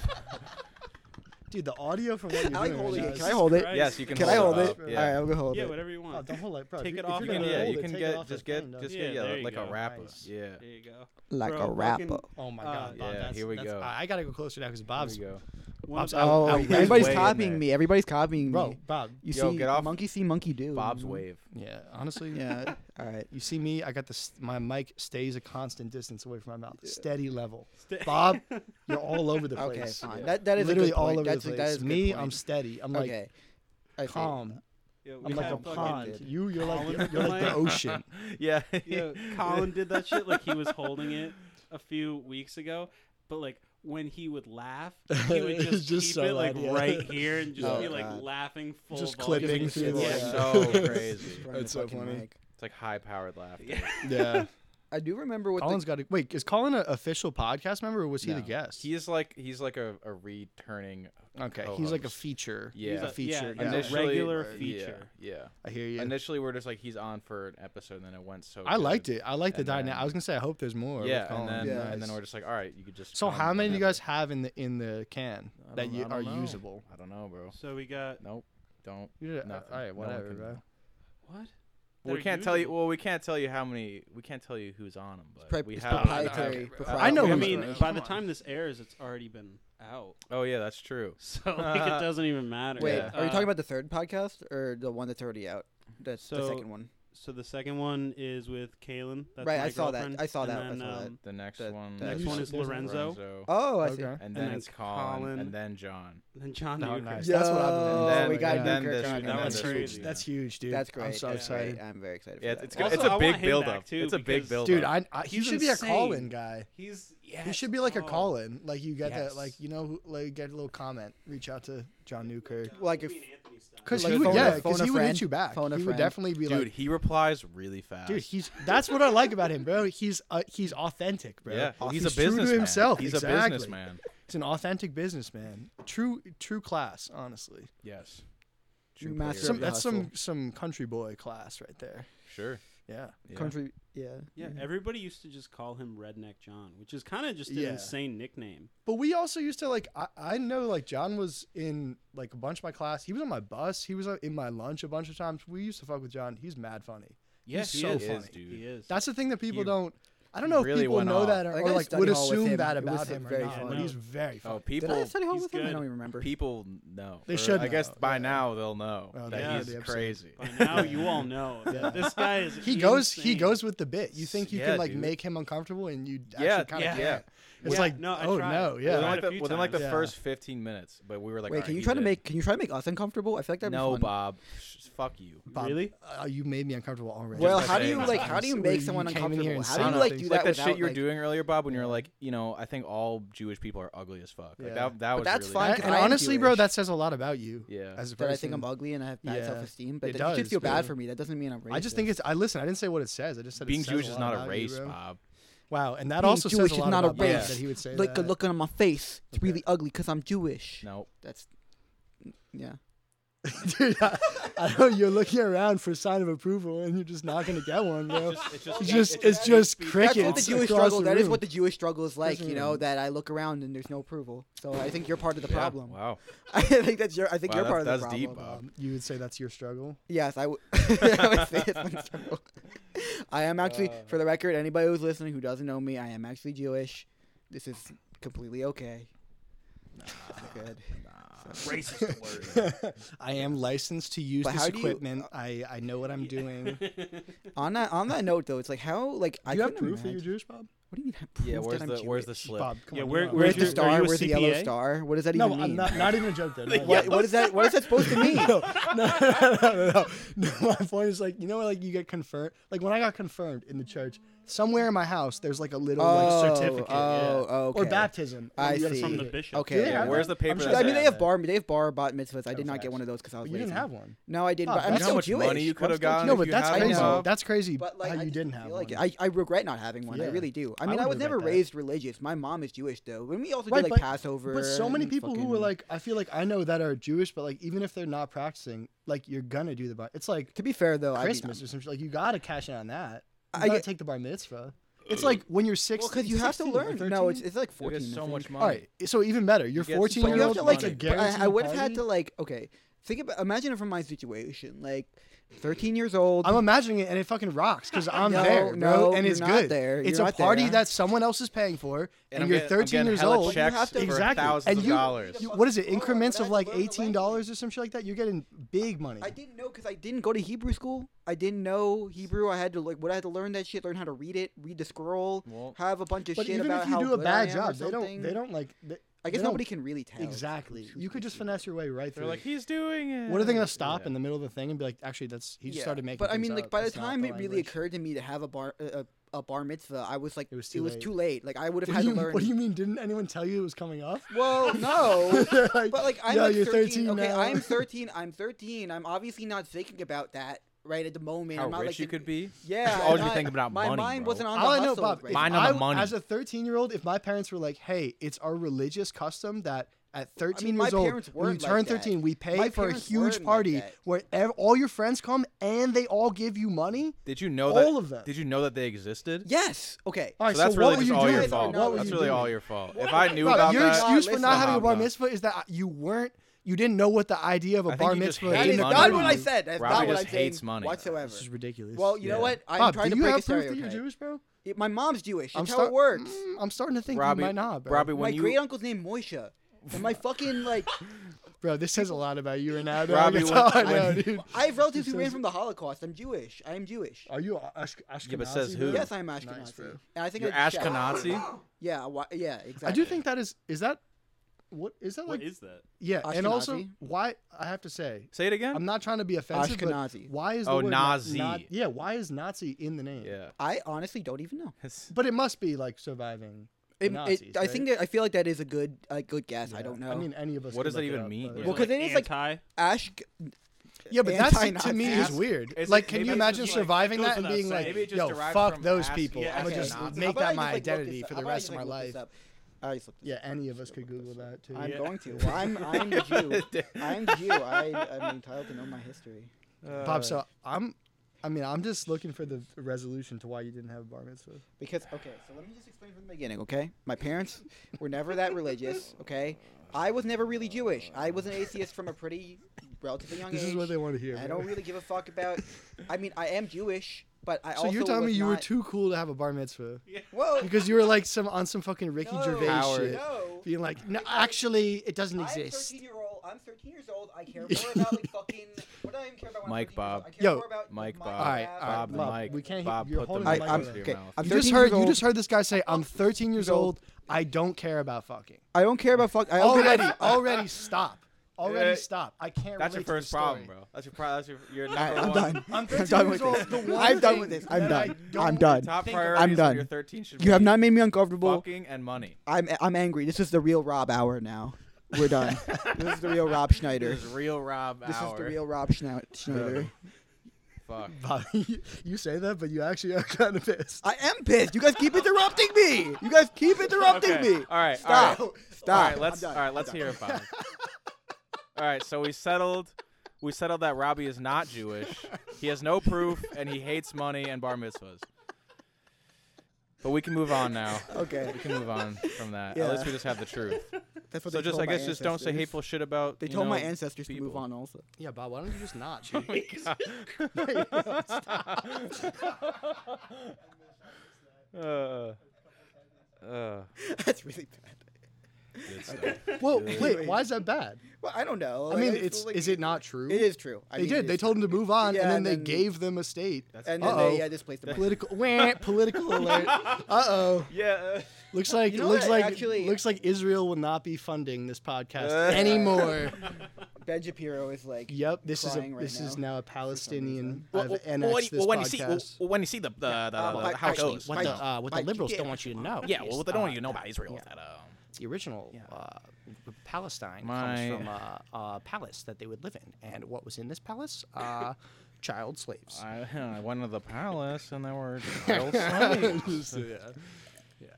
[SPEAKER 2] dude, the audio from what you're
[SPEAKER 1] I'm
[SPEAKER 2] doing
[SPEAKER 1] holding
[SPEAKER 2] right
[SPEAKER 1] it.
[SPEAKER 2] now
[SPEAKER 1] Can
[SPEAKER 2] is-
[SPEAKER 1] I hold it?
[SPEAKER 3] Christ.
[SPEAKER 4] Yes, you can.
[SPEAKER 1] Can I
[SPEAKER 4] hold
[SPEAKER 1] hold
[SPEAKER 2] it?
[SPEAKER 4] it? up, Yeah.
[SPEAKER 1] All right, I'm gonna hold
[SPEAKER 3] Yeah,
[SPEAKER 1] it.
[SPEAKER 3] whatever you want.
[SPEAKER 2] Oh, don't hold it, bro.
[SPEAKER 3] Take
[SPEAKER 2] If
[SPEAKER 3] it
[SPEAKER 2] you-
[SPEAKER 3] off
[SPEAKER 2] if
[SPEAKER 4] You
[SPEAKER 2] you're
[SPEAKER 4] can,
[SPEAKER 3] the-
[SPEAKER 2] gonna
[SPEAKER 4] yeah,
[SPEAKER 2] hold
[SPEAKER 4] you
[SPEAKER 2] it,
[SPEAKER 4] can
[SPEAKER 2] take it
[SPEAKER 4] get
[SPEAKER 2] off
[SPEAKER 4] just
[SPEAKER 2] the
[SPEAKER 4] get
[SPEAKER 2] thing,
[SPEAKER 4] just
[SPEAKER 2] don't
[SPEAKER 3] Yeah,
[SPEAKER 4] get yeah,
[SPEAKER 3] there you
[SPEAKER 4] like a
[SPEAKER 3] go.
[SPEAKER 4] rapper.
[SPEAKER 2] Nice.
[SPEAKER 4] Yeah.
[SPEAKER 3] There you go.
[SPEAKER 1] Like
[SPEAKER 3] Bro,
[SPEAKER 1] a rapper.
[SPEAKER 3] fucking-
[SPEAKER 2] Oh my
[SPEAKER 3] Uh,
[SPEAKER 2] god, Bob,
[SPEAKER 4] yeah,
[SPEAKER 2] that's,
[SPEAKER 4] here we
[SPEAKER 2] that's-
[SPEAKER 4] go.
[SPEAKER 2] I I gotta go closer now because
[SPEAKER 4] There
[SPEAKER 2] Bob's
[SPEAKER 4] you go.
[SPEAKER 3] One's
[SPEAKER 2] Bob's out.
[SPEAKER 3] out.
[SPEAKER 1] Oh,
[SPEAKER 4] Outweighs
[SPEAKER 1] everybody's
[SPEAKER 4] way in
[SPEAKER 1] copying
[SPEAKER 4] there.
[SPEAKER 1] me. Everybody's copying
[SPEAKER 2] bro,
[SPEAKER 1] me.
[SPEAKER 2] Bob.
[SPEAKER 1] You
[SPEAKER 4] Yo,
[SPEAKER 1] see,
[SPEAKER 4] get off
[SPEAKER 1] monkey see, monkey do.
[SPEAKER 4] Bob's
[SPEAKER 1] you know?
[SPEAKER 4] wave.
[SPEAKER 2] Yeah, honestly.
[SPEAKER 1] Yeah. All right.
[SPEAKER 2] You see me? I got this. My mic stays a constant distance away from my mouth, steady level. Bob, you're all over the
[SPEAKER 1] Okay,
[SPEAKER 2] place.
[SPEAKER 1] fine. That that is
[SPEAKER 2] literally
[SPEAKER 1] a good
[SPEAKER 2] all
[SPEAKER 1] point.
[SPEAKER 2] over
[SPEAKER 1] That's
[SPEAKER 2] the
[SPEAKER 1] a-
[SPEAKER 2] place.
[SPEAKER 1] that is a good
[SPEAKER 2] me,
[SPEAKER 1] point.
[SPEAKER 2] I'm steady. I'm like
[SPEAKER 1] okay. I see.
[SPEAKER 2] calm.
[SPEAKER 3] Yeah,
[SPEAKER 2] I'm
[SPEAKER 3] we
[SPEAKER 2] like
[SPEAKER 3] had
[SPEAKER 2] a
[SPEAKER 3] fucking-
[SPEAKER 2] pond. You, you're like
[SPEAKER 3] Colin
[SPEAKER 2] the, you're like the
[SPEAKER 3] Mike.
[SPEAKER 2] ocean.
[SPEAKER 4] Yeah.
[SPEAKER 3] Yeah, Colin did that shit like he was holding it a few weeks ago, but like when he would laugh, he would
[SPEAKER 2] It's
[SPEAKER 3] just,
[SPEAKER 2] just
[SPEAKER 3] keep
[SPEAKER 2] so
[SPEAKER 3] it like
[SPEAKER 2] loud, yeah.
[SPEAKER 3] right here and just
[SPEAKER 1] Oh,
[SPEAKER 3] be like
[SPEAKER 1] God.
[SPEAKER 3] laughing full
[SPEAKER 2] Just
[SPEAKER 3] volume.
[SPEAKER 2] clipping
[SPEAKER 1] Just
[SPEAKER 2] through the.
[SPEAKER 3] yeah,
[SPEAKER 4] so crazy.
[SPEAKER 1] Just running
[SPEAKER 2] That's
[SPEAKER 1] the
[SPEAKER 2] so
[SPEAKER 1] fucking
[SPEAKER 2] funny.
[SPEAKER 1] mic.
[SPEAKER 4] It's like high powered laughter.
[SPEAKER 3] Yeah.
[SPEAKER 2] Yeah.
[SPEAKER 1] I do remember what
[SPEAKER 2] Colin's
[SPEAKER 1] the,
[SPEAKER 2] got to wait. Is Colin an official podcast member, or was he the
[SPEAKER 4] No.
[SPEAKER 2] guest?
[SPEAKER 4] He's like he's like a, a returning.
[SPEAKER 2] okay. He's like a
[SPEAKER 4] co-host.
[SPEAKER 2] feature.
[SPEAKER 4] Yeah.
[SPEAKER 2] he's a
[SPEAKER 4] Yeah,
[SPEAKER 2] feature.
[SPEAKER 3] yeah.
[SPEAKER 2] guy.
[SPEAKER 3] Initial-
[SPEAKER 4] Initially,
[SPEAKER 3] regular
[SPEAKER 4] yeah,
[SPEAKER 3] feature.
[SPEAKER 4] Yeah.
[SPEAKER 2] I hear you.
[SPEAKER 4] Initially, we're just like he's on for an episode, and then it went so.
[SPEAKER 2] I liked
[SPEAKER 4] good.
[SPEAKER 2] it. I liked the
[SPEAKER 4] And then-
[SPEAKER 2] dynamic. I was gonna say I hope there's more. with
[SPEAKER 4] Yeah,
[SPEAKER 2] Colin.
[SPEAKER 4] and then
[SPEAKER 1] Yeah.
[SPEAKER 4] and then
[SPEAKER 2] Nice.
[SPEAKER 4] we're just like, all right, you could just.
[SPEAKER 2] So
[SPEAKER 4] come
[SPEAKER 2] how many do you
[SPEAKER 4] whenever."
[SPEAKER 2] guys have in the in the can
[SPEAKER 4] I
[SPEAKER 2] that
[SPEAKER 4] don't-
[SPEAKER 2] you
[SPEAKER 4] I
[SPEAKER 2] are
[SPEAKER 4] don't know.
[SPEAKER 2] usable?
[SPEAKER 4] I don't know, bro.
[SPEAKER 3] So we got
[SPEAKER 4] Nope. Don't.
[SPEAKER 2] You did,
[SPEAKER 4] Nothing.
[SPEAKER 2] All
[SPEAKER 4] No
[SPEAKER 2] right,
[SPEAKER 4] one
[SPEAKER 2] whatever,
[SPEAKER 4] can-
[SPEAKER 2] bro.
[SPEAKER 3] what?
[SPEAKER 4] Well, we
[SPEAKER 3] They're
[SPEAKER 4] can't tell you.
[SPEAKER 3] usable.
[SPEAKER 4] Well, we can't tell you how many. We can't tell you who's on them, but
[SPEAKER 1] pri-
[SPEAKER 4] we
[SPEAKER 1] it's
[SPEAKER 4] have.
[SPEAKER 1] proprietary.
[SPEAKER 4] okay.
[SPEAKER 2] I know
[SPEAKER 3] I
[SPEAKER 2] him.
[SPEAKER 3] mean,
[SPEAKER 2] Come
[SPEAKER 3] by the
[SPEAKER 2] on.
[SPEAKER 3] time this airs, it's already been out,
[SPEAKER 4] Oh yeah, that's true.
[SPEAKER 3] so like it doesn't even matter.
[SPEAKER 1] Uh, Wait,
[SPEAKER 4] Yeah.
[SPEAKER 1] are you
[SPEAKER 3] Uh,
[SPEAKER 1] talking about the third podcast or the one that's already out? That's the
[SPEAKER 3] So-
[SPEAKER 1] second one.
[SPEAKER 3] Uh, So the second one is with Kaylin. That's
[SPEAKER 1] Right,
[SPEAKER 3] my
[SPEAKER 1] I saw that.
[SPEAKER 3] girlfriend.
[SPEAKER 1] I saw
[SPEAKER 3] And
[SPEAKER 1] that. I
[SPEAKER 3] Then,
[SPEAKER 1] saw that.
[SPEAKER 3] um,
[SPEAKER 4] The next
[SPEAKER 1] The-
[SPEAKER 4] one.
[SPEAKER 1] the- Next
[SPEAKER 2] one is
[SPEAKER 3] Lorenzo.
[SPEAKER 1] Oh, I see.
[SPEAKER 2] Okay.
[SPEAKER 4] And
[SPEAKER 3] And
[SPEAKER 4] then
[SPEAKER 3] then
[SPEAKER 4] it's Colin,
[SPEAKER 3] Colin.
[SPEAKER 4] and then John.
[SPEAKER 3] Then John
[SPEAKER 2] Oh,
[SPEAKER 3] Newkirk.
[SPEAKER 2] nice.
[SPEAKER 1] Yo,
[SPEAKER 2] That's what I'm doing.
[SPEAKER 1] Oh,
[SPEAKER 4] and then,
[SPEAKER 1] we got
[SPEAKER 4] and then
[SPEAKER 1] Newkirk
[SPEAKER 4] this,
[SPEAKER 1] on
[SPEAKER 4] and
[SPEAKER 1] it.
[SPEAKER 4] then
[SPEAKER 3] That
[SPEAKER 4] this
[SPEAKER 3] one's
[SPEAKER 4] one.
[SPEAKER 3] huge.
[SPEAKER 4] Yeah.
[SPEAKER 2] That's huge, dude.
[SPEAKER 1] That's great.
[SPEAKER 2] I'm so
[SPEAKER 1] That's
[SPEAKER 2] excited,
[SPEAKER 1] great. I'm very excited. For
[SPEAKER 4] Yeah,
[SPEAKER 1] that.
[SPEAKER 4] it's,
[SPEAKER 3] Also,
[SPEAKER 4] it's a
[SPEAKER 3] I want
[SPEAKER 4] big
[SPEAKER 3] him
[SPEAKER 4] build
[SPEAKER 3] back,
[SPEAKER 4] up.
[SPEAKER 3] too,
[SPEAKER 4] It's a big
[SPEAKER 3] because-
[SPEAKER 4] build
[SPEAKER 2] dude.
[SPEAKER 4] up.
[SPEAKER 2] I, I he
[SPEAKER 3] He's
[SPEAKER 2] should be a
[SPEAKER 3] insane.
[SPEAKER 2] Colin guy.
[SPEAKER 3] He's
[SPEAKER 2] He should be like a
[SPEAKER 3] Colin.
[SPEAKER 2] Colin. Like you get
[SPEAKER 4] Yes.
[SPEAKER 2] that. Like you know, who- like get a little comment. Reach out to John Newkirk.
[SPEAKER 1] like if
[SPEAKER 2] Because
[SPEAKER 1] Like
[SPEAKER 2] he would,
[SPEAKER 1] phone a-
[SPEAKER 2] yeah,
[SPEAKER 1] phone
[SPEAKER 2] because
[SPEAKER 1] a
[SPEAKER 2] he would
[SPEAKER 1] friend.
[SPEAKER 2] hit you back.
[SPEAKER 1] Phone a
[SPEAKER 2] he
[SPEAKER 1] friend.
[SPEAKER 2] would definitely be
[SPEAKER 4] Dude,
[SPEAKER 2] like,
[SPEAKER 4] he replies really fast.
[SPEAKER 2] dude, he's. That's what I like about him, bro. He's uh, he's authentic, bro.
[SPEAKER 4] yeah, well, he's, a
[SPEAKER 2] true
[SPEAKER 4] businessman.
[SPEAKER 2] to himself.
[SPEAKER 4] He's a
[SPEAKER 2] exactly.
[SPEAKER 4] businessman.
[SPEAKER 2] He's an authentic businessman. True, true class. Honestly,
[SPEAKER 4] Yes.
[SPEAKER 1] You
[SPEAKER 4] True
[SPEAKER 1] master-
[SPEAKER 4] player.
[SPEAKER 2] some,
[SPEAKER 1] the
[SPEAKER 2] that's some
[SPEAKER 1] hustle.
[SPEAKER 2] some country boy class right there.
[SPEAKER 4] Sure.
[SPEAKER 2] Yeah.
[SPEAKER 4] Yeah.
[SPEAKER 1] country, yeah.
[SPEAKER 3] Yeah, everybody used to just call him Redneck John, which is kind of just an
[SPEAKER 2] Yeah.
[SPEAKER 3] insane nickname.
[SPEAKER 2] But we also used to like I, I know like John was in like a bunch of my class. He was on my bus. He was uh, in my lunch a bunch of times. We used to fuck with John. He's mad funny.
[SPEAKER 4] Yes,
[SPEAKER 2] he's
[SPEAKER 4] he
[SPEAKER 2] so
[SPEAKER 4] is,
[SPEAKER 2] funny.
[SPEAKER 4] dude.
[SPEAKER 3] He is.
[SPEAKER 2] That's the thing that people
[SPEAKER 4] He-
[SPEAKER 2] don't. I don't know
[SPEAKER 4] really
[SPEAKER 2] if people
[SPEAKER 4] went
[SPEAKER 2] know
[SPEAKER 4] off.
[SPEAKER 2] that or,
[SPEAKER 1] Like,
[SPEAKER 2] or,
[SPEAKER 1] I
[SPEAKER 2] like
[SPEAKER 1] studied
[SPEAKER 2] would
[SPEAKER 1] hall with
[SPEAKER 2] assume
[SPEAKER 1] him.
[SPEAKER 2] that
[SPEAKER 1] It was
[SPEAKER 2] about him or
[SPEAKER 1] very
[SPEAKER 2] not.
[SPEAKER 1] funny.
[SPEAKER 2] But he's very funny.
[SPEAKER 4] Oh,
[SPEAKER 1] Did I
[SPEAKER 4] people.
[SPEAKER 1] study hall
[SPEAKER 3] he's
[SPEAKER 1] with him? I
[SPEAKER 3] good.
[SPEAKER 1] don't even remember.
[SPEAKER 4] People know.
[SPEAKER 2] They
[SPEAKER 4] Or
[SPEAKER 2] should
[SPEAKER 4] I guess
[SPEAKER 2] know,
[SPEAKER 4] by
[SPEAKER 2] yeah.
[SPEAKER 4] now they'll know
[SPEAKER 2] Well,
[SPEAKER 4] that
[SPEAKER 3] yeah,
[SPEAKER 4] he's
[SPEAKER 2] the episode.
[SPEAKER 4] crazy.
[SPEAKER 3] By now, you all know that
[SPEAKER 2] Yeah.
[SPEAKER 3] this guy is.
[SPEAKER 2] he goes. He
[SPEAKER 3] insane.
[SPEAKER 2] goes with the bit. You think you
[SPEAKER 4] Yeah,
[SPEAKER 2] can like
[SPEAKER 4] dude.
[SPEAKER 2] make him uncomfortable, and you actually
[SPEAKER 4] Yeah,
[SPEAKER 2] kind of
[SPEAKER 4] yeah.
[SPEAKER 2] can't. It's
[SPEAKER 3] Yeah,
[SPEAKER 2] like
[SPEAKER 3] no, I
[SPEAKER 2] oh
[SPEAKER 3] tried.
[SPEAKER 2] no, yeah.
[SPEAKER 3] I
[SPEAKER 4] Within
[SPEAKER 3] tried
[SPEAKER 4] like,
[SPEAKER 3] a
[SPEAKER 4] the,
[SPEAKER 3] few
[SPEAKER 4] within like the
[SPEAKER 2] times.
[SPEAKER 4] first 15 minutes, but we were like,
[SPEAKER 1] Wait,
[SPEAKER 4] "Alright,
[SPEAKER 1] can you try to
[SPEAKER 4] did it."
[SPEAKER 1] make? Can you try to make us uncomfortable? I feel like that'd be
[SPEAKER 4] No,
[SPEAKER 1] fun.
[SPEAKER 4] Bob. Sh- Fuck you.
[SPEAKER 2] Bob,
[SPEAKER 3] Really?
[SPEAKER 2] uh, you made me uncomfortable already.
[SPEAKER 1] Well,
[SPEAKER 4] Just
[SPEAKER 1] how do you
[SPEAKER 4] saying.
[SPEAKER 1] like? How do you make someone
[SPEAKER 2] came in
[SPEAKER 1] uncomfortable?
[SPEAKER 2] here and
[SPEAKER 1] how do
[SPEAKER 2] said
[SPEAKER 1] you like
[SPEAKER 2] things.
[SPEAKER 1] do
[SPEAKER 4] like
[SPEAKER 1] that?
[SPEAKER 4] that shit
[SPEAKER 1] without,
[SPEAKER 4] you were
[SPEAKER 1] like-
[SPEAKER 4] doing earlier, Bob, when you were like, you know, I think all Jewish people are ugly as fuck. Like
[SPEAKER 2] Yeah.
[SPEAKER 4] that, that
[SPEAKER 1] But
[SPEAKER 4] was
[SPEAKER 1] that's
[SPEAKER 4] really
[SPEAKER 1] fine,
[SPEAKER 4] bad.
[SPEAKER 2] And,
[SPEAKER 1] 'cause
[SPEAKER 2] and
[SPEAKER 1] I am
[SPEAKER 2] honestly, bro,
[SPEAKER 1] Jewish.
[SPEAKER 2] that says a lot about you.
[SPEAKER 4] Yeah.
[SPEAKER 2] As a
[SPEAKER 1] That
[SPEAKER 2] person.
[SPEAKER 1] I think I'm ugly and I have bad
[SPEAKER 2] Yeah.
[SPEAKER 1] self-esteem, but that
[SPEAKER 2] It
[SPEAKER 1] you should
[SPEAKER 2] does,
[SPEAKER 1] feel bad
[SPEAKER 2] dude.
[SPEAKER 1] for me. That doesn't mean I'm racist.
[SPEAKER 2] I just think it's. I listen. I didn't say what it says. I just said it
[SPEAKER 4] Being
[SPEAKER 2] says
[SPEAKER 4] Jewish
[SPEAKER 2] a
[SPEAKER 4] is
[SPEAKER 2] lot
[SPEAKER 4] not a
[SPEAKER 2] about you,
[SPEAKER 4] race,
[SPEAKER 2] bro.
[SPEAKER 4] Bob.
[SPEAKER 2] Wow, and that
[SPEAKER 1] Being
[SPEAKER 2] also
[SPEAKER 1] Jewish
[SPEAKER 2] says
[SPEAKER 1] is
[SPEAKER 2] a lot
[SPEAKER 1] not a
[SPEAKER 2] about Bob
[SPEAKER 1] race.
[SPEAKER 2] that he would say
[SPEAKER 1] look
[SPEAKER 2] that.
[SPEAKER 1] good looking on my face. It's
[SPEAKER 2] Okay.
[SPEAKER 1] really ugly because I'm Jewish.
[SPEAKER 4] No.
[SPEAKER 1] That's yeah.
[SPEAKER 2] Dude, I, I know you're looking around for a sign of approval, and you're just not gonna get one, bro. it's
[SPEAKER 4] It's just,
[SPEAKER 2] just, it's just
[SPEAKER 1] That's
[SPEAKER 2] crickets.
[SPEAKER 1] what the Jewish
[SPEAKER 2] across
[SPEAKER 1] struggle.
[SPEAKER 2] The
[SPEAKER 1] That is
[SPEAKER 2] room.
[SPEAKER 1] what the Jewish struggle is like.
[SPEAKER 2] Doesn't
[SPEAKER 1] You
[SPEAKER 2] mean-
[SPEAKER 1] know that I look around and there's no approval. So I think you're part of the problem.
[SPEAKER 4] Wow.
[SPEAKER 1] I think that's your. I think
[SPEAKER 4] Wow,
[SPEAKER 1] you're
[SPEAKER 4] that-
[SPEAKER 1] part of the
[SPEAKER 4] that's
[SPEAKER 1] problem.
[SPEAKER 4] deep, Bob.
[SPEAKER 2] Um, you would say that's your struggle.
[SPEAKER 1] Yes, I would. I would say it's my struggle. I am actually,
[SPEAKER 2] Uh.
[SPEAKER 1] for the record, anybody who's listening who doesn't know me, I am actually Jewish. This is completely okay. It's good.
[SPEAKER 5] Racist word.
[SPEAKER 2] I am licensed to use
[SPEAKER 1] But
[SPEAKER 2] this
[SPEAKER 1] how do you-
[SPEAKER 2] equipment. I, I know what I'm doing.
[SPEAKER 1] On that on that note though, it's like how like I
[SPEAKER 2] you have
[SPEAKER 1] couldn't
[SPEAKER 2] proof that
[SPEAKER 1] imagine.
[SPEAKER 2] you're Jewish, Bob?
[SPEAKER 1] What do you mean? I
[SPEAKER 4] Yeah,
[SPEAKER 1] proved
[SPEAKER 4] where's
[SPEAKER 1] that
[SPEAKER 4] the
[SPEAKER 1] I'm
[SPEAKER 4] where's the
[SPEAKER 1] Jewish?
[SPEAKER 4] slip?
[SPEAKER 2] Bob, come
[SPEAKER 7] Yeah,
[SPEAKER 2] on.
[SPEAKER 7] where-
[SPEAKER 2] come on.
[SPEAKER 7] where's
[SPEAKER 1] Where's the
[SPEAKER 7] your- are
[SPEAKER 1] star?
[SPEAKER 7] you a
[SPEAKER 1] Where's the yellow
[SPEAKER 7] CPA?
[SPEAKER 1] star? What does that
[SPEAKER 2] No,
[SPEAKER 1] even mean?
[SPEAKER 2] I'm not, not even a joke. There. No,
[SPEAKER 1] what, what is that? What is that supposed to mean?
[SPEAKER 2] no, no, no, no, no, no. My point is like you know, like you get confirmed. Like when I got confirmed in the church, somewhere in my house, there's like a little
[SPEAKER 1] Oh,
[SPEAKER 2] like certificate,
[SPEAKER 1] oh,
[SPEAKER 2] yeah. or
[SPEAKER 1] okay.
[SPEAKER 2] baptism.
[SPEAKER 1] I
[SPEAKER 2] You gotta
[SPEAKER 1] see.
[SPEAKER 2] prove
[SPEAKER 3] From the
[SPEAKER 2] it.
[SPEAKER 3] bishop.
[SPEAKER 1] Okay.
[SPEAKER 2] Yeah,
[SPEAKER 4] Yeah, where's the paper?
[SPEAKER 2] I'm sure-
[SPEAKER 4] that
[SPEAKER 1] I mean,
[SPEAKER 4] said
[SPEAKER 1] they have
[SPEAKER 4] that?
[SPEAKER 1] bar. They have bar bat mitzvahs. I did not
[SPEAKER 4] facts.
[SPEAKER 1] get one of those because I was.
[SPEAKER 2] You
[SPEAKER 1] lazy.
[SPEAKER 2] didn't have one.
[SPEAKER 1] No, I did.
[SPEAKER 2] Oh,
[SPEAKER 1] but I'm
[SPEAKER 2] that's
[SPEAKER 4] You know how
[SPEAKER 1] still
[SPEAKER 4] much
[SPEAKER 1] Jewish.
[SPEAKER 4] money you
[SPEAKER 1] I'm
[SPEAKER 4] could have
[SPEAKER 1] still
[SPEAKER 4] gotten?
[SPEAKER 2] No,
[SPEAKER 4] if
[SPEAKER 2] but
[SPEAKER 4] you
[SPEAKER 2] that's
[SPEAKER 4] had
[SPEAKER 1] I
[SPEAKER 4] one,
[SPEAKER 2] crazy.
[SPEAKER 1] know.
[SPEAKER 4] Bob?
[SPEAKER 2] That's crazy.
[SPEAKER 1] But like,
[SPEAKER 2] how
[SPEAKER 1] I
[SPEAKER 2] you
[SPEAKER 1] just
[SPEAKER 2] didn't
[SPEAKER 1] feel
[SPEAKER 2] have
[SPEAKER 1] like
[SPEAKER 2] one.
[SPEAKER 1] I, I regret not having one. I
[SPEAKER 2] Yeah.
[SPEAKER 1] really do. I
[SPEAKER 2] I
[SPEAKER 1] mean, I,
[SPEAKER 2] would
[SPEAKER 1] was never
[SPEAKER 2] regret that.
[SPEAKER 1] raised religious. My mom is Jewish though. When we also
[SPEAKER 2] Right,
[SPEAKER 1] did like
[SPEAKER 2] but-
[SPEAKER 1] Passover.
[SPEAKER 2] But so many
[SPEAKER 1] and
[SPEAKER 2] people who were
[SPEAKER 1] fucking-
[SPEAKER 2] like, I feel like I know that are Jewish, but like even if they're not practicing, like you're gonna do the bar. It's like
[SPEAKER 1] To be fair though,
[SPEAKER 2] Christmas or something. Like you gotta cash in on that. You
[SPEAKER 1] I
[SPEAKER 2] gotta
[SPEAKER 1] get-
[SPEAKER 2] take the bar mitzvah. It's like when
[SPEAKER 1] I
[SPEAKER 2] you're
[SPEAKER 1] mean,
[SPEAKER 2] six.
[SPEAKER 1] well, because you have to
[SPEAKER 2] 16 or
[SPEAKER 1] learn. No, it's
[SPEAKER 2] 13.
[SPEAKER 1] it's like
[SPEAKER 4] Dude,
[SPEAKER 1] fourteen.
[SPEAKER 4] It's
[SPEAKER 1] I
[SPEAKER 4] so
[SPEAKER 1] think.
[SPEAKER 4] much money.
[SPEAKER 2] all right. So even better, you're
[SPEAKER 4] You get
[SPEAKER 2] 14
[SPEAKER 1] But
[SPEAKER 2] year
[SPEAKER 1] you have
[SPEAKER 2] old.
[SPEAKER 1] to like.
[SPEAKER 4] It's money.
[SPEAKER 1] but I, I would have had to like. Okay, Think about imagine it from my situation. Like, 13 years old.
[SPEAKER 2] I'm imagining it and it fucking rocks because I'm
[SPEAKER 1] No,
[SPEAKER 2] there, bro,
[SPEAKER 1] no,
[SPEAKER 2] and
[SPEAKER 1] you're
[SPEAKER 2] it's
[SPEAKER 1] not
[SPEAKER 2] good.
[SPEAKER 1] there.
[SPEAKER 2] It's
[SPEAKER 1] You're
[SPEAKER 2] a
[SPEAKER 1] not there.
[SPEAKER 2] party that someone else is paying for, and,
[SPEAKER 4] I'm
[SPEAKER 2] you're
[SPEAKER 4] getting- I'm
[SPEAKER 2] 13
[SPEAKER 4] getting
[SPEAKER 2] years
[SPEAKER 4] hella
[SPEAKER 2] old.
[SPEAKER 1] check
[SPEAKER 4] Checks
[SPEAKER 1] have to-
[SPEAKER 4] for
[SPEAKER 2] Exactly.
[SPEAKER 4] Thousands
[SPEAKER 2] and
[SPEAKER 4] of
[SPEAKER 2] you,
[SPEAKER 4] dollars.
[SPEAKER 2] you- what is it? Increments
[SPEAKER 1] Well,
[SPEAKER 2] of like
[SPEAKER 1] that's learning
[SPEAKER 2] eighteen dollars or some shit like that. You're getting big money.
[SPEAKER 1] I didn't know because I didn't go to Hebrew school. I didn't know Hebrew. I had to like what I had to learn that shit, learn how to read it, read the scroll,
[SPEAKER 4] Well-
[SPEAKER 1] have a bunch of
[SPEAKER 2] But
[SPEAKER 1] shit
[SPEAKER 2] even
[SPEAKER 1] about
[SPEAKER 2] if you
[SPEAKER 1] how
[SPEAKER 2] do a
[SPEAKER 1] good
[SPEAKER 2] bad
[SPEAKER 1] I am or
[SPEAKER 2] job, they don't.
[SPEAKER 1] something.
[SPEAKER 2] They don't like. They,
[SPEAKER 1] I
[SPEAKER 2] they
[SPEAKER 1] guess
[SPEAKER 2] don't-
[SPEAKER 1] nobody can really tell.
[SPEAKER 2] Exactly.
[SPEAKER 1] who's
[SPEAKER 2] You could just
[SPEAKER 1] who's who.
[SPEAKER 2] finance your way right
[SPEAKER 4] They're
[SPEAKER 2] through.
[SPEAKER 4] like,
[SPEAKER 2] it.
[SPEAKER 4] he's doing it.
[SPEAKER 2] what are they gonna stop
[SPEAKER 4] Yeah.
[SPEAKER 2] in the middle of the thing and be like? Actually, that's he just
[SPEAKER 1] Yeah.
[SPEAKER 2] started making.
[SPEAKER 1] But I
[SPEAKER 2] things
[SPEAKER 1] mean,
[SPEAKER 2] up.
[SPEAKER 1] like by the
[SPEAKER 2] That's not
[SPEAKER 1] time it really
[SPEAKER 2] language."
[SPEAKER 1] occurred to me to have a bar a, a, a bar mitzvah, I was like,
[SPEAKER 2] It was too late.
[SPEAKER 1] Like I would have
[SPEAKER 2] What
[SPEAKER 1] had
[SPEAKER 2] do,
[SPEAKER 1] to
[SPEAKER 2] you,
[SPEAKER 1] learn.
[SPEAKER 2] what do you mean? Didn't anyone tell you it was coming up?
[SPEAKER 1] Well, no.
[SPEAKER 2] like,
[SPEAKER 1] But like I'm
[SPEAKER 2] yo,
[SPEAKER 1] like
[SPEAKER 2] you're
[SPEAKER 1] 13.
[SPEAKER 2] 13
[SPEAKER 1] okay,
[SPEAKER 2] now.
[SPEAKER 1] I'm 13. I'm 13. I'm obviously not thinking about that right at the moment.
[SPEAKER 4] How
[SPEAKER 1] I'm not
[SPEAKER 4] rich
[SPEAKER 1] like
[SPEAKER 4] you
[SPEAKER 1] the-
[SPEAKER 4] could be.
[SPEAKER 1] Yeah.
[SPEAKER 4] Always be
[SPEAKER 1] not-
[SPEAKER 4] thinking about
[SPEAKER 1] my
[SPEAKER 4] money,
[SPEAKER 1] mind
[SPEAKER 4] bro.
[SPEAKER 1] wasn't on the
[SPEAKER 2] All I know,
[SPEAKER 1] hustle
[SPEAKER 2] Bob,
[SPEAKER 1] right
[SPEAKER 2] if
[SPEAKER 4] Mine
[SPEAKER 1] now.
[SPEAKER 4] on
[SPEAKER 2] I-
[SPEAKER 4] the money.
[SPEAKER 2] as a 13 year old, if my parents were like, "Hey, it's our religious custom that at 13
[SPEAKER 1] my
[SPEAKER 2] years old,
[SPEAKER 1] parents
[SPEAKER 2] when you
[SPEAKER 1] weren't like
[SPEAKER 2] turn
[SPEAKER 1] that.
[SPEAKER 2] 13, we pay
[SPEAKER 1] My
[SPEAKER 2] for a
[SPEAKER 1] parents
[SPEAKER 2] huge
[SPEAKER 1] weren't like
[SPEAKER 2] party
[SPEAKER 1] that.
[SPEAKER 2] where ev- all your friends come and they all give you money."
[SPEAKER 4] Did you know that?
[SPEAKER 2] All of that.
[SPEAKER 4] Did you know that they existed?
[SPEAKER 1] Yes. Okay.
[SPEAKER 2] All right,
[SPEAKER 4] So that's
[SPEAKER 2] so
[SPEAKER 4] really
[SPEAKER 2] what were
[SPEAKER 4] just
[SPEAKER 2] you
[SPEAKER 4] all
[SPEAKER 2] doing?
[SPEAKER 4] your
[SPEAKER 1] What
[SPEAKER 4] fault.
[SPEAKER 1] were
[SPEAKER 4] That's
[SPEAKER 1] you
[SPEAKER 4] really
[SPEAKER 2] doing?
[SPEAKER 4] all your fault. If I knew
[SPEAKER 2] Rob,
[SPEAKER 4] about
[SPEAKER 2] your
[SPEAKER 4] that,
[SPEAKER 2] excuse for
[SPEAKER 1] Listen, um,
[SPEAKER 2] not having a
[SPEAKER 4] Rob,
[SPEAKER 2] bar
[SPEAKER 4] no.
[SPEAKER 2] mitzvah is that you weren't, you didn't know what the idea of a
[SPEAKER 4] I think
[SPEAKER 2] bar
[SPEAKER 4] you just
[SPEAKER 1] That
[SPEAKER 2] mitzvah.
[SPEAKER 4] hate
[SPEAKER 1] is
[SPEAKER 2] in the
[SPEAKER 4] money.
[SPEAKER 1] not
[SPEAKER 2] country
[SPEAKER 1] what I
[SPEAKER 2] is.
[SPEAKER 1] said. That's
[SPEAKER 4] Robbie
[SPEAKER 1] not what
[SPEAKER 4] just
[SPEAKER 1] I'm saying
[SPEAKER 4] hates money.
[SPEAKER 1] whatsoever.
[SPEAKER 2] This is ridiculous.
[SPEAKER 1] Well, you know
[SPEAKER 4] Yeah.
[SPEAKER 1] what? I'm
[SPEAKER 2] Bob,
[SPEAKER 1] trying
[SPEAKER 2] do
[SPEAKER 1] to
[SPEAKER 2] you
[SPEAKER 1] break a
[SPEAKER 2] have proof that you're
[SPEAKER 1] stereotype.
[SPEAKER 2] Jewish, bro?
[SPEAKER 1] It- my mom's Jewish. That's
[SPEAKER 2] I'm
[SPEAKER 1] how
[SPEAKER 2] start-
[SPEAKER 1] it works.
[SPEAKER 2] Mm, I'm starting to think
[SPEAKER 4] Mm-hmm. Robbie,
[SPEAKER 2] you might not, bro.
[SPEAKER 4] Robbie,
[SPEAKER 1] my
[SPEAKER 4] when you
[SPEAKER 1] great uncle's named Moisha. And my fucking like,
[SPEAKER 2] bro, this says a lot about you right now. dog.
[SPEAKER 4] Robbie,
[SPEAKER 2] That's
[SPEAKER 4] when-
[SPEAKER 2] all I
[SPEAKER 4] when-
[SPEAKER 2] know, dude.
[SPEAKER 1] I have relatives who
[SPEAKER 2] says
[SPEAKER 1] ran
[SPEAKER 2] it.
[SPEAKER 1] from the Holocaust. I'm Jewish. I am Jewish.
[SPEAKER 2] Are you Ash- Ashkenazi?
[SPEAKER 4] Yeah, but says who?
[SPEAKER 2] bro?
[SPEAKER 1] Yes, I am Ashkenazi.
[SPEAKER 2] bro.
[SPEAKER 1] and I think
[SPEAKER 4] you're
[SPEAKER 1] I just-
[SPEAKER 4] Ashkenazi.
[SPEAKER 1] Yeah, why, yeah, exactly.
[SPEAKER 2] I do think that is is that what is that
[SPEAKER 3] What
[SPEAKER 2] like?
[SPEAKER 3] is that?
[SPEAKER 2] yeah, and also
[SPEAKER 1] Ashkenazi?
[SPEAKER 2] why I have to say
[SPEAKER 4] Say it again.
[SPEAKER 2] I'm not trying to be offensive. but
[SPEAKER 1] Ashkenazi.
[SPEAKER 2] why is the
[SPEAKER 4] Oh,
[SPEAKER 2] word na-
[SPEAKER 4] Nazi.
[SPEAKER 2] na- yeah, why is Nazi in the name?
[SPEAKER 4] yeah.
[SPEAKER 1] I honestly don't even know.
[SPEAKER 2] but it must be like surviving.
[SPEAKER 1] It,
[SPEAKER 2] Nazis,
[SPEAKER 1] it, I think
[SPEAKER 2] right?
[SPEAKER 1] that I feel like that is a good a good guess. I
[SPEAKER 2] Yeah,
[SPEAKER 1] don't know.
[SPEAKER 2] I mean, any of us.
[SPEAKER 4] What
[SPEAKER 2] could
[SPEAKER 4] does that
[SPEAKER 2] look it
[SPEAKER 4] even
[SPEAKER 2] up,
[SPEAKER 4] mean?
[SPEAKER 2] but-
[SPEAKER 4] Yeah.
[SPEAKER 1] well, because it is like
[SPEAKER 3] Anti.
[SPEAKER 1] Ash.
[SPEAKER 2] Yeah, but that's it to
[SPEAKER 1] Anti-Nazi.
[SPEAKER 2] me is
[SPEAKER 1] Ask-
[SPEAKER 2] weird.
[SPEAKER 4] it's-
[SPEAKER 2] like, can
[SPEAKER 4] maybe
[SPEAKER 2] you
[SPEAKER 4] it's
[SPEAKER 2] imagine
[SPEAKER 4] just like-
[SPEAKER 2] surviving
[SPEAKER 3] goes
[SPEAKER 2] that and
[SPEAKER 3] without
[SPEAKER 2] being
[SPEAKER 3] saying.
[SPEAKER 2] like,
[SPEAKER 4] Maybe it just
[SPEAKER 2] "Yo,
[SPEAKER 4] derived
[SPEAKER 2] fuck
[SPEAKER 4] from
[SPEAKER 2] those
[SPEAKER 4] ask-
[SPEAKER 2] people.
[SPEAKER 4] yeah,
[SPEAKER 2] I'm gonna
[SPEAKER 4] okay.
[SPEAKER 2] just
[SPEAKER 4] How about
[SPEAKER 2] make
[SPEAKER 1] How about I
[SPEAKER 2] that
[SPEAKER 1] just,
[SPEAKER 2] my
[SPEAKER 1] like, look
[SPEAKER 2] identity
[SPEAKER 1] this
[SPEAKER 2] for
[SPEAKER 1] up?
[SPEAKER 2] the
[SPEAKER 1] How about I
[SPEAKER 2] rest
[SPEAKER 1] just,
[SPEAKER 2] of my
[SPEAKER 1] like, look
[SPEAKER 2] life."
[SPEAKER 1] this up? I already looked this
[SPEAKER 2] Yeah,
[SPEAKER 1] up.
[SPEAKER 2] any of us could Google that too.
[SPEAKER 1] I'm
[SPEAKER 3] Yeah.
[SPEAKER 1] going to. Well, I'm I'm a Jew. I'm Jew. I I'm entitled to know my history.
[SPEAKER 2] Uh, Bob, so I'm, I mean, I'm just looking for the resolution to why you didn't have a bar mitzvah.
[SPEAKER 1] Because okay, so let me just explain from the beginning, okay? My parents were never that religious, okay? I was never really Jewish. I was an atheist from a pretty relatively young
[SPEAKER 2] This
[SPEAKER 1] age.
[SPEAKER 2] is what they want to hear.
[SPEAKER 1] I
[SPEAKER 2] bro.
[SPEAKER 1] don't really give a fuck about. I mean, I am Jewish, but I
[SPEAKER 2] So
[SPEAKER 1] also.
[SPEAKER 2] you're telling me
[SPEAKER 1] was
[SPEAKER 2] you were
[SPEAKER 1] not-
[SPEAKER 2] too cool to have a bar mitzvah
[SPEAKER 1] Whoa.
[SPEAKER 2] because you were like some on some fucking Ricky
[SPEAKER 1] no,
[SPEAKER 2] Gervais
[SPEAKER 4] Howard.
[SPEAKER 2] shit,
[SPEAKER 1] No.
[SPEAKER 2] being like, "No, actually, it doesn't
[SPEAKER 1] I'm
[SPEAKER 2] exist."
[SPEAKER 1] 13 year old. I'm 13 years old. I care more about like fucking. What do I even care about? When
[SPEAKER 4] Mike
[SPEAKER 1] I'm 13 years old?
[SPEAKER 4] Bob.
[SPEAKER 1] I care
[SPEAKER 2] Yo,
[SPEAKER 1] more about
[SPEAKER 4] Mike
[SPEAKER 1] Minecraft.
[SPEAKER 4] Bob.
[SPEAKER 2] All right, all right,
[SPEAKER 4] Bob,
[SPEAKER 2] Bob,
[SPEAKER 4] Mike.
[SPEAKER 2] we can't hear-
[SPEAKER 4] Bob,
[SPEAKER 2] you're
[SPEAKER 4] put
[SPEAKER 2] holding
[SPEAKER 4] the
[SPEAKER 1] the
[SPEAKER 4] mic
[SPEAKER 1] mic
[SPEAKER 4] to
[SPEAKER 1] up.
[SPEAKER 4] your
[SPEAKER 1] Okay,
[SPEAKER 4] mouth.
[SPEAKER 1] I'm
[SPEAKER 2] You just
[SPEAKER 1] 13
[SPEAKER 2] heard.
[SPEAKER 1] years
[SPEAKER 2] You
[SPEAKER 1] old.
[SPEAKER 2] just heard this guy say, "I'm 13 years old. I don't care about fucking."
[SPEAKER 1] I don't care about fuck. I don't care
[SPEAKER 2] Already,
[SPEAKER 1] about-
[SPEAKER 2] already stop. Already
[SPEAKER 4] Uh,
[SPEAKER 2] stop. I can't.
[SPEAKER 4] That's your
[SPEAKER 2] relate to this
[SPEAKER 4] first problem,
[SPEAKER 2] story.
[SPEAKER 4] bro. That's your problem. That's your, your
[SPEAKER 1] All right,
[SPEAKER 4] number
[SPEAKER 1] I'm
[SPEAKER 4] one.
[SPEAKER 1] done.
[SPEAKER 2] I'm
[SPEAKER 1] I'm
[SPEAKER 2] 13
[SPEAKER 1] done
[SPEAKER 2] years
[SPEAKER 1] with this.
[SPEAKER 2] old. The one
[SPEAKER 1] I'm done
[SPEAKER 2] thing
[SPEAKER 1] with this. I'm
[SPEAKER 2] that I
[SPEAKER 1] done. I'm
[SPEAKER 2] don't
[SPEAKER 1] done.
[SPEAKER 4] Top
[SPEAKER 2] Think about-
[SPEAKER 4] priorities
[SPEAKER 1] I'm done.
[SPEAKER 4] Your 13 should
[SPEAKER 1] You have
[SPEAKER 4] be
[SPEAKER 1] not made me uncomfortable.
[SPEAKER 4] fucking and money.
[SPEAKER 1] I'm I'm angry. This is the real Rob hour now. We're done. this is the real Rob Schneider.
[SPEAKER 4] This is real Rob
[SPEAKER 1] This
[SPEAKER 4] hour.
[SPEAKER 1] is the real Rob Schna- Schneider.
[SPEAKER 4] Fuck.
[SPEAKER 2] Bobby, you- you say that, but you actually are kind of pissed.
[SPEAKER 1] I am pissed. You guys keep interrupting me. You guys keep interrupting
[SPEAKER 4] Okay,
[SPEAKER 1] me.
[SPEAKER 4] All right.
[SPEAKER 1] Stop.
[SPEAKER 4] All right.
[SPEAKER 1] Stop.
[SPEAKER 4] All right. Let's.
[SPEAKER 1] I'm
[SPEAKER 4] All
[SPEAKER 1] done.
[SPEAKER 4] right. Let's hear it, Bob. all right. So we settled. We settled that Robbie is not Jewish. He has no proof, and he hates money and bar mitzvahs. But we can move on now.
[SPEAKER 1] Okay.
[SPEAKER 4] We can move on from that. At least we
[SPEAKER 1] Yeah.
[SPEAKER 4] just have the truth.
[SPEAKER 1] That's what
[SPEAKER 4] so
[SPEAKER 1] they
[SPEAKER 4] just,
[SPEAKER 1] told
[SPEAKER 4] I
[SPEAKER 1] my
[SPEAKER 4] guess, just don't say
[SPEAKER 1] ancestors.
[SPEAKER 4] hateful shit about.
[SPEAKER 1] They
[SPEAKER 4] you
[SPEAKER 1] told my
[SPEAKER 4] know,
[SPEAKER 1] ancestors to move
[SPEAKER 4] people.
[SPEAKER 1] on also.
[SPEAKER 2] Yeah, Bob, why don't you just not? Chief?
[SPEAKER 4] Uh, uh,
[SPEAKER 1] That's really bad.
[SPEAKER 4] good stuff.
[SPEAKER 2] Well, wait, why is that bad?
[SPEAKER 1] Well, I don't know.
[SPEAKER 2] I
[SPEAKER 1] Like,
[SPEAKER 2] mean,
[SPEAKER 1] feel
[SPEAKER 2] it's
[SPEAKER 1] like-
[SPEAKER 2] is it not true?
[SPEAKER 1] It is true. I
[SPEAKER 2] They
[SPEAKER 1] mean, it
[SPEAKER 2] did. They
[SPEAKER 1] is
[SPEAKER 2] told him to move on,
[SPEAKER 1] Yeah,
[SPEAKER 2] and then
[SPEAKER 1] and
[SPEAKER 2] they
[SPEAKER 1] then-
[SPEAKER 2] gave them a state.
[SPEAKER 1] true. And then
[SPEAKER 2] Uh-oh.
[SPEAKER 1] they yeah, displaced them.
[SPEAKER 2] Political, wah, political alert. Uh oh.
[SPEAKER 4] yeah.
[SPEAKER 2] Looks like
[SPEAKER 1] know
[SPEAKER 2] looks
[SPEAKER 1] what,
[SPEAKER 2] like
[SPEAKER 1] actually-
[SPEAKER 2] looks like Israel will not be funding this podcast
[SPEAKER 4] Uh.
[SPEAKER 2] anymore.
[SPEAKER 1] Ben Shapiro is like.
[SPEAKER 2] Yep, this is a
[SPEAKER 1] Crying right
[SPEAKER 2] this is
[SPEAKER 1] now
[SPEAKER 2] now a Palestinian.
[SPEAKER 4] Well,
[SPEAKER 2] I've
[SPEAKER 4] well, well,
[SPEAKER 2] annexed
[SPEAKER 4] when you,
[SPEAKER 2] this
[SPEAKER 4] well, when you
[SPEAKER 2] podcast.
[SPEAKER 4] see, well, well, when you see the the, the,
[SPEAKER 1] uh,
[SPEAKER 4] the-
[SPEAKER 1] but
[SPEAKER 4] how it
[SPEAKER 1] actually,
[SPEAKER 4] goes,
[SPEAKER 1] what
[SPEAKER 4] you
[SPEAKER 1] the-
[SPEAKER 4] know.
[SPEAKER 1] uh, what the Mike, liberals yeah. don't want
[SPEAKER 2] you to know.
[SPEAKER 4] yeah, well, what they don't want you to know about Israel is that um,
[SPEAKER 8] the
[SPEAKER 1] Oh,
[SPEAKER 8] original uh, Palestine
[SPEAKER 4] My-
[SPEAKER 8] comes from a,
[SPEAKER 9] uh,
[SPEAKER 8] a palace that they would live in, and what was in this palace? Uh, child slaves.
[SPEAKER 4] I, I went to the palace and there were child slaves.
[SPEAKER 2] yeah.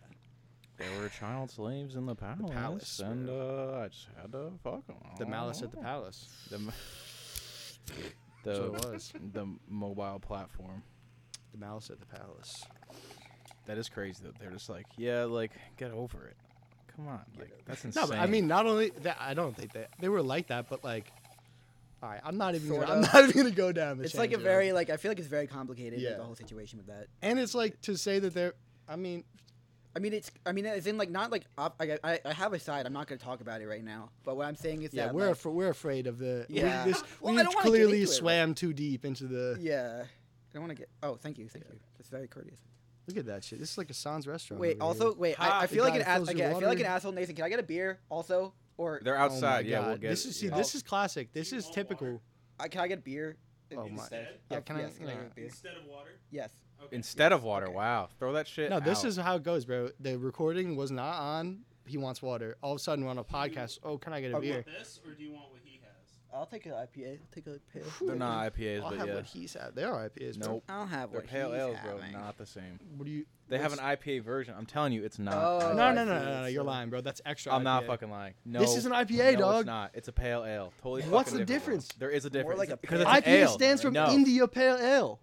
[SPEAKER 4] there were child slaves in the palace,
[SPEAKER 8] palace,
[SPEAKER 4] and uh, I just had to fuck them.
[SPEAKER 8] The malice
[SPEAKER 4] Oh.
[SPEAKER 8] at the palace.
[SPEAKER 4] the m- the,
[SPEAKER 8] So it was.
[SPEAKER 4] the mobile platform.
[SPEAKER 8] The malice at the palace.
[SPEAKER 4] That is crazy that they're just like, yeah, like get over it. Come on, like that's insane.
[SPEAKER 2] No, but I mean, not only that. I don't think that they were like that, but like, All right, I'm not even. Gonna,
[SPEAKER 1] Sort
[SPEAKER 2] I'm
[SPEAKER 1] of.
[SPEAKER 2] not even gonna go down. The
[SPEAKER 1] It's like a
[SPEAKER 2] change road.
[SPEAKER 1] very like I feel like it's very complicated
[SPEAKER 2] Yeah.
[SPEAKER 1] the whole situation with that.
[SPEAKER 2] and it's like to say that they're. I mean,
[SPEAKER 1] I mean it's I mean it's in like not like op- I, I I have a side. I'm not going to talk about it right now. But what I'm saying is
[SPEAKER 2] yeah,
[SPEAKER 1] that
[SPEAKER 2] we're
[SPEAKER 1] like,
[SPEAKER 2] afra- we're afraid of the. we-
[SPEAKER 1] Yeah.
[SPEAKER 2] this,
[SPEAKER 1] Well, I
[SPEAKER 2] we
[SPEAKER 1] don't wanna get
[SPEAKER 2] clearly
[SPEAKER 1] into it, but-
[SPEAKER 2] swam too deep into the.
[SPEAKER 1] yeah. I don't want to get. Oh, thank you, thank you. That's very courteous.
[SPEAKER 2] Look at that shit. This is like a sans restaurant.
[SPEAKER 1] Wait,
[SPEAKER 2] over here.
[SPEAKER 1] also, wait.
[SPEAKER 2] Ha,
[SPEAKER 1] I, I
[SPEAKER 2] the
[SPEAKER 1] feel like
[SPEAKER 2] guy
[SPEAKER 1] an
[SPEAKER 2] that
[SPEAKER 1] ass,
[SPEAKER 2] fills
[SPEAKER 1] I
[SPEAKER 2] your
[SPEAKER 1] get- I feel like
[SPEAKER 2] water.
[SPEAKER 1] an asshole, Nathan. Can I get a beer also, or
[SPEAKER 4] They're
[SPEAKER 2] Oh my
[SPEAKER 4] outside. yeah, we'll
[SPEAKER 2] God.
[SPEAKER 4] get.
[SPEAKER 2] This is see.
[SPEAKER 4] yeah.
[SPEAKER 2] This is classic. This is typical.
[SPEAKER 1] I, can I get beer?
[SPEAKER 2] Oh my.
[SPEAKER 3] Instead?
[SPEAKER 2] Yeah,
[SPEAKER 1] Of-
[SPEAKER 2] can I-
[SPEAKER 1] yes, can I
[SPEAKER 2] yeah.
[SPEAKER 1] get beer?
[SPEAKER 3] Instead of water?
[SPEAKER 1] Yes.
[SPEAKER 3] Okay.
[SPEAKER 4] Oh, instead of water. Wow, throw that shit.
[SPEAKER 2] No, this
[SPEAKER 4] out.
[SPEAKER 2] is how it goes, bro. The recording was not on. He wants water. All of a sudden, we're on a podcast. Oh, can I get a
[SPEAKER 3] Do you
[SPEAKER 2] beer?
[SPEAKER 3] want this or do you want what he has?
[SPEAKER 1] I'll take an IPA. I'll take a pale.
[SPEAKER 4] They're not IPAs,
[SPEAKER 2] I'll
[SPEAKER 4] but
[SPEAKER 2] have
[SPEAKER 4] yeah.
[SPEAKER 2] what he's had. They are IPAs. Bro.
[SPEAKER 4] Nope.
[SPEAKER 1] I'll have
[SPEAKER 4] They're
[SPEAKER 1] what
[SPEAKER 4] pale
[SPEAKER 1] he's
[SPEAKER 4] ales, bro.
[SPEAKER 1] having.
[SPEAKER 4] Not the same.
[SPEAKER 2] What do you?
[SPEAKER 4] They have an
[SPEAKER 2] what's-
[SPEAKER 4] IPA version. I'm telling you, it's not.
[SPEAKER 1] Oh.
[SPEAKER 4] IPA.
[SPEAKER 2] No,
[SPEAKER 1] I
[SPEAKER 2] no, no,
[SPEAKER 1] see,
[SPEAKER 2] no, no.
[SPEAKER 1] it's
[SPEAKER 2] You're
[SPEAKER 1] a-
[SPEAKER 2] lying, bro. That's extra.
[SPEAKER 4] I'm not
[SPEAKER 2] IPA.
[SPEAKER 4] fucking lying. No,
[SPEAKER 2] This is an IPA,
[SPEAKER 4] no,
[SPEAKER 2] dog.
[SPEAKER 4] It's not. It's a pale ale. Totally.
[SPEAKER 2] What's
[SPEAKER 4] fucking
[SPEAKER 2] the
[SPEAKER 4] different.
[SPEAKER 2] difference?
[SPEAKER 4] There is a difference.
[SPEAKER 1] like a
[SPEAKER 4] because
[SPEAKER 1] pale
[SPEAKER 4] it's an
[SPEAKER 2] IPA
[SPEAKER 4] ale.
[SPEAKER 2] stands for
[SPEAKER 4] No. Uh,
[SPEAKER 2] India Pale Ale.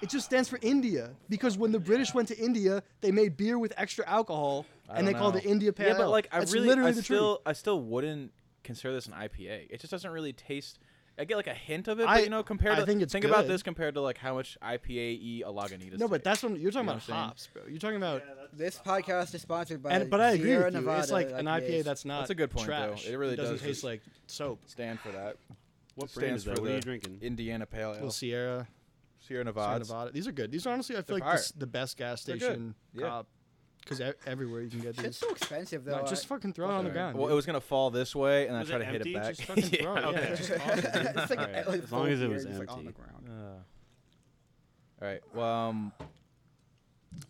[SPEAKER 2] It just stands for India because when the British went to India, they made beer with extra alcohol
[SPEAKER 4] I
[SPEAKER 2] and they
[SPEAKER 4] don't
[SPEAKER 2] called
[SPEAKER 4] know.
[SPEAKER 2] it India Pale
[SPEAKER 4] Yeah, but
[SPEAKER 2] Ale.
[SPEAKER 4] like I
[SPEAKER 2] That's
[SPEAKER 4] really,
[SPEAKER 2] literally
[SPEAKER 4] I
[SPEAKER 2] the
[SPEAKER 4] still,
[SPEAKER 2] truth.
[SPEAKER 4] I still wouldn't consider this an IPA. It just doesn't really taste. I get like a hint of it, but
[SPEAKER 2] I-
[SPEAKER 4] you know, compared
[SPEAKER 2] I
[SPEAKER 4] to
[SPEAKER 2] think it's
[SPEAKER 4] about
[SPEAKER 2] good.
[SPEAKER 4] this compared to like how much IPA e a Lagunitas.
[SPEAKER 2] No, but
[SPEAKER 4] tastes.
[SPEAKER 2] that's what you're talking about
[SPEAKER 4] You know what I'm saying?
[SPEAKER 2] hops, bro. You're talking about
[SPEAKER 1] This podcast is sponsored by.
[SPEAKER 2] and but I agree
[SPEAKER 1] Sierra
[SPEAKER 2] with you.
[SPEAKER 1] Nevada
[SPEAKER 2] It's like an
[SPEAKER 1] IPAs.
[SPEAKER 2] IPA that's not
[SPEAKER 4] That's a good point, though.
[SPEAKER 2] trash.
[SPEAKER 4] It really
[SPEAKER 2] doesn't
[SPEAKER 4] does
[SPEAKER 2] taste
[SPEAKER 4] just-
[SPEAKER 2] like soap.
[SPEAKER 4] stand for that.
[SPEAKER 3] What brand is
[SPEAKER 4] Stands for
[SPEAKER 3] that? What
[SPEAKER 4] the
[SPEAKER 3] are you drinking?
[SPEAKER 4] Indiana Pale
[SPEAKER 2] Well,
[SPEAKER 4] Ale.
[SPEAKER 2] Sierra,
[SPEAKER 4] Sierra
[SPEAKER 2] Sierra
[SPEAKER 4] Nevada.
[SPEAKER 2] Nevada. These are good. These are honestly, I feel
[SPEAKER 4] They're
[SPEAKER 2] like this,
[SPEAKER 4] fire.
[SPEAKER 2] the best gas
[SPEAKER 4] They're good.
[SPEAKER 2] station
[SPEAKER 4] Yeah.
[SPEAKER 2] cop because everywhere you can get
[SPEAKER 1] It's
[SPEAKER 2] these.
[SPEAKER 1] so expensive though.
[SPEAKER 2] Oh, No,
[SPEAKER 1] I-
[SPEAKER 2] just fucking throw it on the ground.
[SPEAKER 4] Well, it
[SPEAKER 2] dude.
[SPEAKER 4] was gonna fall this way, and
[SPEAKER 3] Was
[SPEAKER 4] I tried
[SPEAKER 3] it
[SPEAKER 4] to
[SPEAKER 3] empty?
[SPEAKER 4] hit it back.
[SPEAKER 3] Just fucking
[SPEAKER 4] Yeah.
[SPEAKER 2] throw it, yeah.
[SPEAKER 4] Okay.
[SPEAKER 2] Just
[SPEAKER 1] it's like,
[SPEAKER 4] Alright.
[SPEAKER 1] a, like
[SPEAKER 3] As
[SPEAKER 1] full
[SPEAKER 3] long as it
[SPEAKER 1] beer
[SPEAKER 3] was
[SPEAKER 1] just, like, on the
[SPEAKER 3] empty.
[SPEAKER 1] ground.
[SPEAKER 4] All right. Well, um,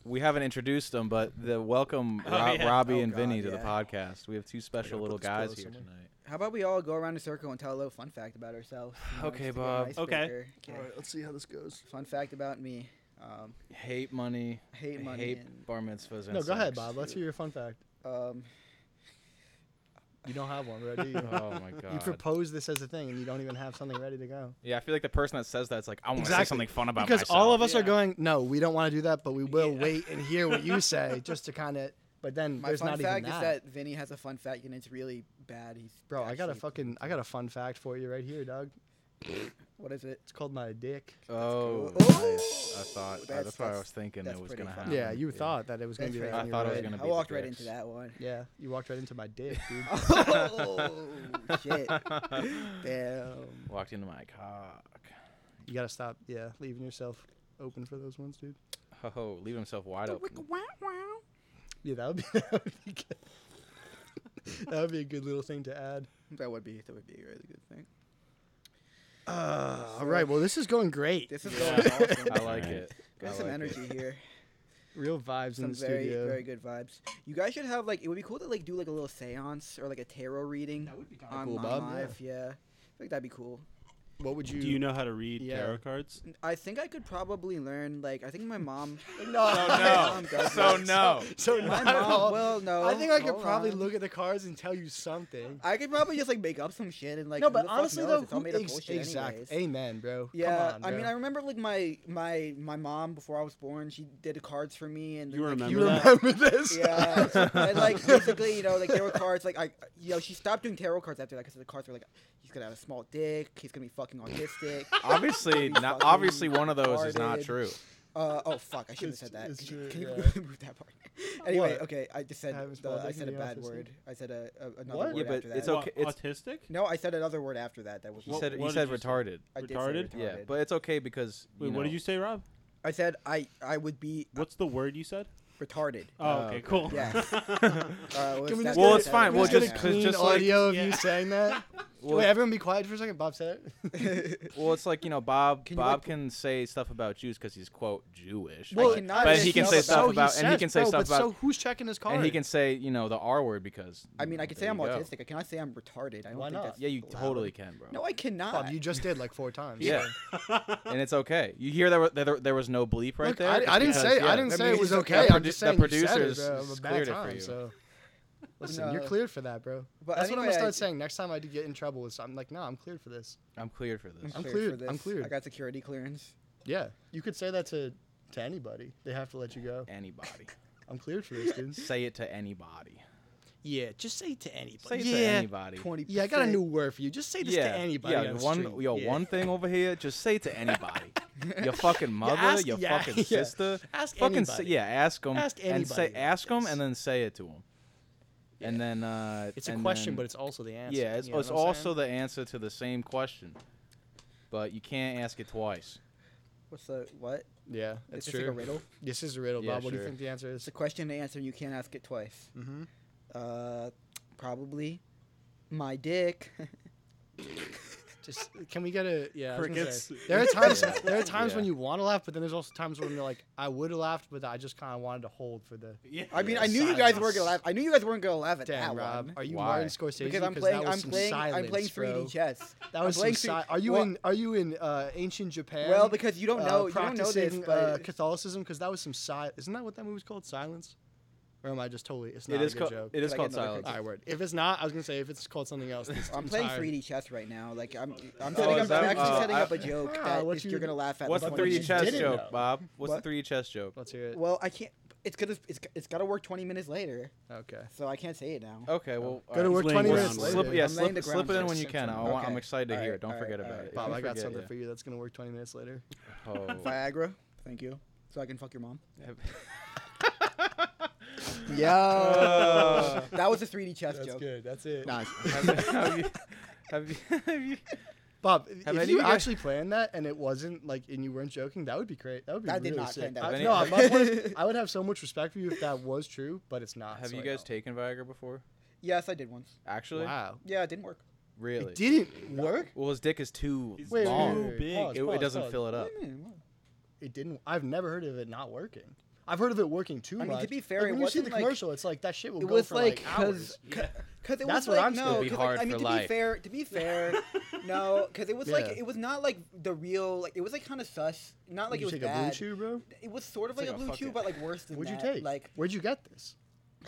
[SPEAKER 4] we haven't introduced them, but the welcome
[SPEAKER 3] Oh,
[SPEAKER 4] Ro-
[SPEAKER 3] yeah.
[SPEAKER 4] Robbie
[SPEAKER 1] Oh,
[SPEAKER 4] and
[SPEAKER 1] God,
[SPEAKER 4] Vinny to
[SPEAKER 1] yeah.
[SPEAKER 4] the podcast. We have two special
[SPEAKER 2] put
[SPEAKER 4] little
[SPEAKER 2] this pillow
[SPEAKER 4] guys here
[SPEAKER 2] somewhere.
[SPEAKER 4] tonight.
[SPEAKER 1] How about we all go around in a circle and tell a little fun fact about ourselves? you know,
[SPEAKER 4] Okay,
[SPEAKER 1] just to get an
[SPEAKER 4] Bob.
[SPEAKER 3] Okay.
[SPEAKER 1] icebreaker. Okay.
[SPEAKER 2] All right, let's see how this goes.
[SPEAKER 1] Fun fact about me. Um,
[SPEAKER 4] Hate money.
[SPEAKER 1] I hate money.
[SPEAKER 4] Hate
[SPEAKER 1] and,
[SPEAKER 4] bar mitzvahs. and
[SPEAKER 2] No, go ahead,
[SPEAKER 4] sex.
[SPEAKER 2] Bob. Let's hear your fun fact.
[SPEAKER 1] um,
[SPEAKER 2] You don't have one ready.
[SPEAKER 4] Oh my god.
[SPEAKER 2] You propose this as a thing, and you don't even have something ready to go.
[SPEAKER 4] yeah, I feel like the person that says that's like, I want to
[SPEAKER 2] Exactly.
[SPEAKER 4] say something fun about
[SPEAKER 2] Because
[SPEAKER 4] myself.
[SPEAKER 2] all of us are
[SPEAKER 3] Yeah.
[SPEAKER 2] going, no, we don't want to do that, but we will
[SPEAKER 3] Yeah.
[SPEAKER 2] wait and hear what you say just to kind of. But then
[SPEAKER 1] my
[SPEAKER 2] there's
[SPEAKER 1] fun
[SPEAKER 2] not
[SPEAKER 1] fact
[SPEAKER 2] even
[SPEAKER 1] is
[SPEAKER 2] that.
[SPEAKER 1] that Vinny has a fun fact and it's really bad. He's
[SPEAKER 2] Bro, I got a
[SPEAKER 1] actually-
[SPEAKER 2] fucking, I got a fun fact for you right here, dog.
[SPEAKER 1] What is it?
[SPEAKER 2] It's called my dick.
[SPEAKER 4] Oh,
[SPEAKER 1] That's cool.
[SPEAKER 4] nice. I thought uh,
[SPEAKER 1] That's-
[SPEAKER 4] that's, what I
[SPEAKER 1] that's-
[SPEAKER 4] was thinking
[SPEAKER 1] that's
[SPEAKER 4] it was
[SPEAKER 1] pretty
[SPEAKER 4] gonna
[SPEAKER 1] fun.
[SPEAKER 4] happen.
[SPEAKER 2] yeah, you thought that it was gonna
[SPEAKER 1] That's
[SPEAKER 2] be.
[SPEAKER 1] right.
[SPEAKER 2] Right
[SPEAKER 4] I
[SPEAKER 2] and you
[SPEAKER 4] thought
[SPEAKER 2] were
[SPEAKER 4] it was
[SPEAKER 2] right.
[SPEAKER 4] gonna
[SPEAKER 1] I
[SPEAKER 4] be the
[SPEAKER 1] walked right into
[SPEAKER 4] dicks.
[SPEAKER 1] that one.
[SPEAKER 2] Yeah, you walked right into my dick, dude.
[SPEAKER 1] oh shit! Damn.
[SPEAKER 4] Walked into my cock.
[SPEAKER 2] you gotta stop. Yeah, leaving yourself open for those ones, dude.
[SPEAKER 4] Oh, leave himself wide open.
[SPEAKER 2] Yeah, that would be. That would be good. that would be a good little thing to add.
[SPEAKER 1] That would be that would be a really good thing.
[SPEAKER 2] Uh, all right. Well, this is going great.
[SPEAKER 1] This is going awesome.
[SPEAKER 4] I like
[SPEAKER 3] Alright.
[SPEAKER 4] it. I
[SPEAKER 1] Got some
[SPEAKER 4] like
[SPEAKER 1] energy here.
[SPEAKER 2] Real vibes in
[SPEAKER 1] Some
[SPEAKER 2] the
[SPEAKER 1] very
[SPEAKER 2] studio.
[SPEAKER 1] very good vibes. You guys should have like it would be cool to like do like a little séance or like a tarot reading that would be on,
[SPEAKER 2] cool,
[SPEAKER 1] on
[SPEAKER 2] Bob,
[SPEAKER 1] live. Yeah. I think that'd be cool.
[SPEAKER 2] What would you?
[SPEAKER 3] Do you know how to read
[SPEAKER 2] Yeah.
[SPEAKER 3] tarot cards?
[SPEAKER 1] I think I could probably learn. Like I think my mom.
[SPEAKER 2] No.
[SPEAKER 4] So
[SPEAKER 1] mom
[SPEAKER 4] no.
[SPEAKER 1] does
[SPEAKER 4] So
[SPEAKER 1] that.
[SPEAKER 4] no.
[SPEAKER 2] So
[SPEAKER 1] My
[SPEAKER 2] not at all.
[SPEAKER 1] mom. Well, no.
[SPEAKER 2] I think I could
[SPEAKER 1] hold
[SPEAKER 2] probably
[SPEAKER 1] on.
[SPEAKER 2] look at the cards and tell you something.
[SPEAKER 1] I could probably just like make up some shit and like.
[SPEAKER 2] no,
[SPEAKER 1] who
[SPEAKER 2] but
[SPEAKER 1] the fuck
[SPEAKER 2] honestly
[SPEAKER 1] knows?
[SPEAKER 2] though,
[SPEAKER 1] it's all
[SPEAKER 2] who,
[SPEAKER 1] made up
[SPEAKER 2] ex-
[SPEAKER 1] bullshit
[SPEAKER 2] exactly.
[SPEAKER 1] anyways.
[SPEAKER 2] Amen, bro.
[SPEAKER 1] Yeah,
[SPEAKER 2] Come on,
[SPEAKER 1] I mean,
[SPEAKER 2] bro.
[SPEAKER 1] I remember like my my my mom before I was born. She did cards for me, and
[SPEAKER 3] You
[SPEAKER 1] then, like,
[SPEAKER 3] remember
[SPEAKER 2] you
[SPEAKER 3] that?
[SPEAKER 2] remember this?
[SPEAKER 1] Yeah, and like basically, you know, like there were cards. Like I, you know, she stopped doing tarot cards after that because the cards were like, he's gonna have a small dick. He's gonna be fucking autistic.
[SPEAKER 4] Obviously,
[SPEAKER 1] Be
[SPEAKER 4] not,
[SPEAKER 1] fucking
[SPEAKER 4] obviously one of those is not
[SPEAKER 1] retarded.
[SPEAKER 4] true.
[SPEAKER 1] Uh, oh fuck, I should have said that.
[SPEAKER 2] it's true,
[SPEAKER 1] Can you
[SPEAKER 2] yeah.
[SPEAKER 1] remove that part? Anyway,
[SPEAKER 2] What?
[SPEAKER 1] okay, I just said
[SPEAKER 2] Have a
[SPEAKER 1] the,
[SPEAKER 2] small
[SPEAKER 1] I
[SPEAKER 2] dick
[SPEAKER 1] said
[SPEAKER 2] and
[SPEAKER 1] a
[SPEAKER 2] be
[SPEAKER 1] bad
[SPEAKER 2] autistic?
[SPEAKER 1] word. I said a, a another
[SPEAKER 2] What?
[SPEAKER 1] word
[SPEAKER 4] Yeah, but
[SPEAKER 1] after that.
[SPEAKER 4] it's okay.
[SPEAKER 3] What,
[SPEAKER 4] it's-
[SPEAKER 3] autistic?
[SPEAKER 1] No, I said another word after that. That was
[SPEAKER 4] He
[SPEAKER 3] What-
[SPEAKER 4] said he
[SPEAKER 3] what did
[SPEAKER 4] said
[SPEAKER 3] you say?
[SPEAKER 4] retarded.
[SPEAKER 1] I did say retarded.
[SPEAKER 3] retarded?
[SPEAKER 4] Yeah, but it's okay because.
[SPEAKER 3] Wait, what did you say, Rob?
[SPEAKER 1] I said I I would be
[SPEAKER 3] What's the word you said?
[SPEAKER 1] retarded.
[SPEAKER 3] Oh, okay, cool.
[SPEAKER 1] Yes. Uh, was
[SPEAKER 2] Can we
[SPEAKER 1] that-
[SPEAKER 2] just
[SPEAKER 4] Well,
[SPEAKER 2] get
[SPEAKER 4] it's
[SPEAKER 2] a-
[SPEAKER 4] fine.
[SPEAKER 2] can we
[SPEAKER 4] We'll
[SPEAKER 2] get a
[SPEAKER 4] just- 'cause
[SPEAKER 2] clean
[SPEAKER 4] just like-
[SPEAKER 2] audio of you
[SPEAKER 3] Yeah.
[SPEAKER 2] saying that.
[SPEAKER 4] Well,
[SPEAKER 2] Wait, everyone, be quiet for a second. Bob said it.
[SPEAKER 4] well, it's like you know, Bob.
[SPEAKER 1] Can you,
[SPEAKER 4] Bob
[SPEAKER 1] like,
[SPEAKER 4] can say stuff about Jews because he's quote Jewish.
[SPEAKER 1] Well,
[SPEAKER 4] but-
[SPEAKER 1] cannot
[SPEAKER 4] but
[SPEAKER 1] say
[SPEAKER 4] he can
[SPEAKER 1] stuff
[SPEAKER 4] say
[SPEAKER 1] about-
[SPEAKER 4] stuff
[SPEAKER 1] So
[SPEAKER 4] about, and he can say stuff about,
[SPEAKER 2] So who's checking his card?
[SPEAKER 4] and he can say you know the R word because.
[SPEAKER 1] I
[SPEAKER 4] you
[SPEAKER 1] mean,
[SPEAKER 4] know,
[SPEAKER 1] I could
[SPEAKER 4] there
[SPEAKER 1] say I'm
[SPEAKER 4] you go.
[SPEAKER 1] autistic. I cannot say I'm retarded. I don't
[SPEAKER 2] Why
[SPEAKER 1] think
[SPEAKER 2] not?
[SPEAKER 1] that's
[SPEAKER 4] Yeah, you
[SPEAKER 1] allowed.
[SPEAKER 4] totally can, bro.
[SPEAKER 1] No, I cannot.
[SPEAKER 2] Bob, you just did like four times.
[SPEAKER 4] Yeah. and it's okay. You hear there, there, there was no bleep right
[SPEAKER 2] Look,
[SPEAKER 4] there.
[SPEAKER 2] I,
[SPEAKER 4] It's
[SPEAKER 2] I didn't
[SPEAKER 4] because,
[SPEAKER 2] say
[SPEAKER 4] yeah,
[SPEAKER 2] I didn't
[SPEAKER 4] that
[SPEAKER 2] say it
[SPEAKER 4] means
[SPEAKER 2] was
[SPEAKER 4] the
[SPEAKER 2] okay.
[SPEAKER 4] produ-
[SPEAKER 2] I'm just saying
[SPEAKER 4] the
[SPEAKER 2] you
[SPEAKER 4] producers
[SPEAKER 2] said it, bro. I'm a bad
[SPEAKER 4] cleared it for
[SPEAKER 2] time,
[SPEAKER 4] you.
[SPEAKER 2] so. Listen, you're
[SPEAKER 1] No.
[SPEAKER 2] cleared for that, bro.
[SPEAKER 1] But
[SPEAKER 2] That's what I'm
[SPEAKER 1] anyway,
[SPEAKER 2] gonna
[SPEAKER 1] I-
[SPEAKER 2] start saying next time I do get in trouble. With I'm like, no, I'm cleared for this.
[SPEAKER 4] I'm cleared for this.
[SPEAKER 2] I'm
[SPEAKER 1] cleared for
[SPEAKER 2] cleared. I'm
[SPEAKER 1] this. I
[SPEAKER 2] cleared.
[SPEAKER 1] got security clearance.
[SPEAKER 2] Yeah, you could say that to to anybody. They have to let you go.
[SPEAKER 4] Anybody
[SPEAKER 2] I'm cleared for this, dude.
[SPEAKER 4] say it to anybody.
[SPEAKER 8] Yeah, just say to anybody.
[SPEAKER 4] Say it to
[SPEAKER 2] Yeah.
[SPEAKER 4] anybody.
[SPEAKER 1] Twenty.
[SPEAKER 8] Yeah, I got a new word for you. Just say this
[SPEAKER 4] yeah,
[SPEAKER 8] to anybody.
[SPEAKER 4] yeah.
[SPEAKER 8] on the
[SPEAKER 4] one,
[SPEAKER 8] street.
[SPEAKER 4] yo,
[SPEAKER 8] Yeah.
[SPEAKER 4] one thing over here. Just say it to anybody. your fucking mother,
[SPEAKER 8] ask-
[SPEAKER 4] your
[SPEAKER 8] yeah,
[SPEAKER 4] fucking
[SPEAKER 8] yeah.
[SPEAKER 4] sister.
[SPEAKER 8] Ask
[SPEAKER 4] fucking say,
[SPEAKER 8] anybody.
[SPEAKER 4] yeah, ask them
[SPEAKER 8] Ask
[SPEAKER 4] and say
[SPEAKER 8] anybody
[SPEAKER 4] ask them
[SPEAKER 8] this.
[SPEAKER 4] and then say it to them. And then uh
[SPEAKER 8] It's a
[SPEAKER 4] and
[SPEAKER 8] question,
[SPEAKER 4] then-
[SPEAKER 8] but it's also the answer.
[SPEAKER 4] yeah, it's,
[SPEAKER 8] you know
[SPEAKER 4] it's
[SPEAKER 8] what I'm
[SPEAKER 4] also
[SPEAKER 8] saying?
[SPEAKER 4] the answer to the same question. But you can't ask it twice.
[SPEAKER 1] What's the what?
[SPEAKER 2] Yeah.
[SPEAKER 1] It's like a riddle.
[SPEAKER 2] This is a riddle,
[SPEAKER 4] Yeah,
[SPEAKER 2] Bob. What do you
[SPEAKER 4] sure.
[SPEAKER 2] think the answer is?
[SPEAKER 1] It's a question and answer. and You can't ask it twice.
[SPEAKER 2] Mhm.
[SPEAKER 1] Uh, probably my dick.
[SPEAKER 2] Just can we get a yeah? I was gonna
[SPEAKER 3] Crickets.
[SPEAKER 2] say, there are times
[SPEAKER 4] Yeah.
[SPEAKER 2] there are times
[SPEAKER 4] Yeah.
[SPEAKER 2] when you want to laugh, but then there's also times when you're like, I would have laughed, but I just kind of wanted to hold for the.
[SPEAKER 3] Yeah.
[SPEAKER 1] I mean, I knew you guys weren't gonna laugh. I knew you guys weren't gonna laugh at
[SPEAKER 2] Damn,
[SPEAKER 1] that
[SPEAKER 2] Rob,
[SPEAKER 1] one.
[SPEAKER 2] are you
[SPEAKER 4] Why?
[SPEAKER 2] Martin Scorsese?
[SPEAKER 1] Because I'm
[SPEAKER 2] that
[SPEAKER 1] playing,
[SPEAKER 2] was
[SPEAKER 1] I'm
[SPEAKER 2] some
[SPEAKER 1] playing, I'm playing 3D
[SPEAKER 2] silence, bro.
[SPEAKER 1] chess.
[SPEAKER 2] That was
[SPEAKER 1] I'm playing
[SPEAKER 2] some.
[SPEAKER 1] three-
[SPEAKER 2] si- are you
[SPEAKER 1] Well-
[SPEAKER 2] in? Are you in uh, ancient Japan?
[SPEAKER 1] Well, because you don't
[SPEAKER 2] uh,
[SPEAKER 1] know, you don't know this,
[SPEAKER 2] practicing,
[SPEAKER 1] but
[SPEAKER 2] uh, Catholicism, because that was some si Isn't that what that movie's called? Silence. Or am I just totally? It's not
[SPEAKER 4] It
[SPEAKER 2] a
[SPEAKER 4] is
[SPEAKER 2] good
[SPEAKER 4] called
[SPEAKER 2] joke.
[SPEAKER 4] it is
[SPEAKER 1] Can I get another
[SPEAKER 4] called silence.
[SPEAKER 2] All right, word. If it's not, I was gonna say if it's called something else. this-
[SPEAKER 1] I'm playing
[SPEAKER 2] tired.
[SPEAKER 1] 3D chess right now. Like I'm, I'm
[SPEAKER 4] Oh,
[SPEAKER 1] setting
[SPEAKER 4] is
[SPEAKER 1] up,
[SPEAKER 4] that-
[SPEAKER 1] I'm actually
[SPEAKER 4] uh,
[SPEAKER 1] setting
[SPEAKER 4] I-
[SPEAKER 1] up a joke
[SPEAKER 2] Ah,
[SPEAKER 1] that
[SPEAKER 2] what
[SPEAKER 1] if
[SPEAKER 2] you-
[SPEAKER 1] you're gonna laugh at.
[SPEAKER 4] What's the
[SPEAKER 1] when
[SPEAKER 4] three D
[SPEAKER 1] you-
[SPEAKER 4] chess
[SPEAKER 8] didn't
[SPEAKER 4] joke,
[SPEAKER 8] know.
[SPEAKER 4] Bob? What's the
[SPEAKER 1] What?
[SPEAKER 4] three D chess joke?
[SPEAKER 2] Let's hear it.
[SPEAKER 1] Well, I can't. It's gonna, it's, it's gotta work 20 minutes later,
[SPEAKER 2] Okay.
[SPEAKER 1] so I can't say it now.
[SPEAKER 4] Okay, well,
[SPEAKER 2] Go to
[SPEAKER 4] alright.
[SPEAKER 2] work
[SPEAKER 3] laying
[SPEAKER 2] 20
[SPEAKER 3] down
[SPEAKER 2] minutes
[SPEAKER 3] work.
[SPEAKER 2] later.
[SPEAKER 4] Slip, yeah,
[SPEAKER 1] I'm laying
[SPEAKER 4] slip,
[SPEAKER 1] the
[SPEAKER 4] slip it in
[SPEAKER 1] ground
[SPEAKER 4] when you
[SPEAKER 1] for
[SPEAKER 4] can. Oh, I
[SPEAKER 1] something.
[SPEAKER 4] want, I'm
[SPEAKER 1] Okay.
[SPEAKER 4] excited to hear it.
[SPEAKER 1] Alright,
[SPEAKER 4] Don't forget
[SPEAKER 1] alright,
[SPEAKER 4] about it.
[SPEAKER 2] Bob,
[SPEAKER 4] If
[SPEAKER 2] I got
[SPEAKER 4] forget,
[SPEAKER 2] something
[SPEAKER 4] yeah.
[SPEAKER 2] for you that's gonna work 20 minutes later.
[SPEAKER 4] Oh.
[SPEAKER 1] Viagra. Thank you. So I can fuck your mom.
[SPEAKER 4] Uh,
[SPEAKER 1] Yo, that was a 3D chess joke.
[SPEAKER 2] good. That's it.
[SPEAKER 1] Nice.
[SPEAKER 4] have, have you, have you, have you,
[SPEAKER 2] Bob,
[SPEAKER 4] Have
[SPEAKER 2] if
[SPEAKER 4] any
[SPEAKER 2] you
[SPEAKER 4] of you guys-
[SPEAKER 2] actually planned that and it wasn't like and you weren't joking, that would be great. That would be
[SPEAKER 1] I
[SPEAKER 2] really
[SPEAKER 1] did not plan
[SPEAKER 2] sick.
[SPEAKER 1] that.
[SPEAKER 2] I,
[SPEAKER 1] Have
[SPEAKER 4] any-
[SPEAKER 2] no, I, my point is, I would have so much respect for you if that was true, but it's not.
[SPEAKER 4] have
[SPEAKER 2] so
[SPEAKER 4] you
[SPEAKER 2] I
[SPEAKER 4] guys
[SPEAKER 2] don't.
[SPEAKER 4] taken Viagra before?
[SPEAKER 1] Yes, I did once.
[SPEAKER 4] Actually,
[SPEAKER 2] Wow.
[SPEAKER 1] Yeah, it didn't work.
[SPEAKER 4] really?
[SPEAKER 2] It didn't work.
[SPEAKER 4] Well, his dick is too
[SPEAKER 3] He's
[SPEAKER 2] Wait, wait,
[SPEAKER 3] Too
[SPEAKER 4] long.
[SPEAKER 2] wait, wait.
[SPEAKER 3] big.
[SPEAKER 2] Pause,
[SPEAKER 4] It, it
[SPEAKER 2] pause,
[SPEAKER 4] doesn't
[SPEAKER 2] pause.
[SPEAKER 4] fill it up.
[SPEAKER 2] Hmm,
[SPEAKER 1] What do you mean? What?
[SPEAKER 2] It didn't. I've never heard of it not working. I've heard of it working too
[SPEAKER 1] I
[SPEAKER 2] much.
[SPEAKER 1] mean, to be fair,
[SPEAKER 2] like,
[SPEAKER 1] it
[SPEAKER 2] when you see the
[SPEAKER 1] wasn't, like-
[SPEAKER 2] commercial, it's like that shit will
[SPEAKER 1] It
[SPEAKER 2] go
[SPEAKER 1] was
[SPEAKER 2] for like,
[SPEAKER 1] like
[SPEAKER 2] hours.
[SPEAKER 1] because because it
[SPEAKER 2] That's
[SPEAKER 1] was
[SPEAKER 2] what
[SPEAKER 1] like
[SPEAKER 2] I'm
[SPEAKER 1] no.
[SPEAKER 2] saying.
[SPEAKER 4] It'll be
[SPEAKER 1] 'cause, like,
[SPEAKER 4] hard
[SPEAKER 1] I mean
[SPEAKER 4] for
[SPEAKER 1] to be
[SPEAKER 4] life.
[SPEAKER 1] fair, to be fair, no, because it was like
[SPEAKER 2] Yeah.
[SPEAKER 1] it was not like the real like it was like kind of sus. Not like
[SPEAKER 2] Would
[SPEAKER 1] it
[SPEAKER 2] you
[SPEAKER 1] was
[SPEAKER 2] take
[SPEAKER 1] bad.
[SPEAKER 2] a blue chew, bro.
[SPEAKER 1] It was sort of
[SPEAKER 4] It's
[SPEAKER 1] like,
[SPEAKER 4] like
[SPEAKER 1] a
[SPEAKER 4] a
[SPEAKER 1] blue chew,
[SPEAKER 4] fucking-
[SPEAKER 1] but like worse than
[SPEAKER 2] What'd you
[SPEAKER 1] that.
[SPEAKER 2] take?
[SPEAKER 1] Like
[SPEAKER 2] Whered you get this?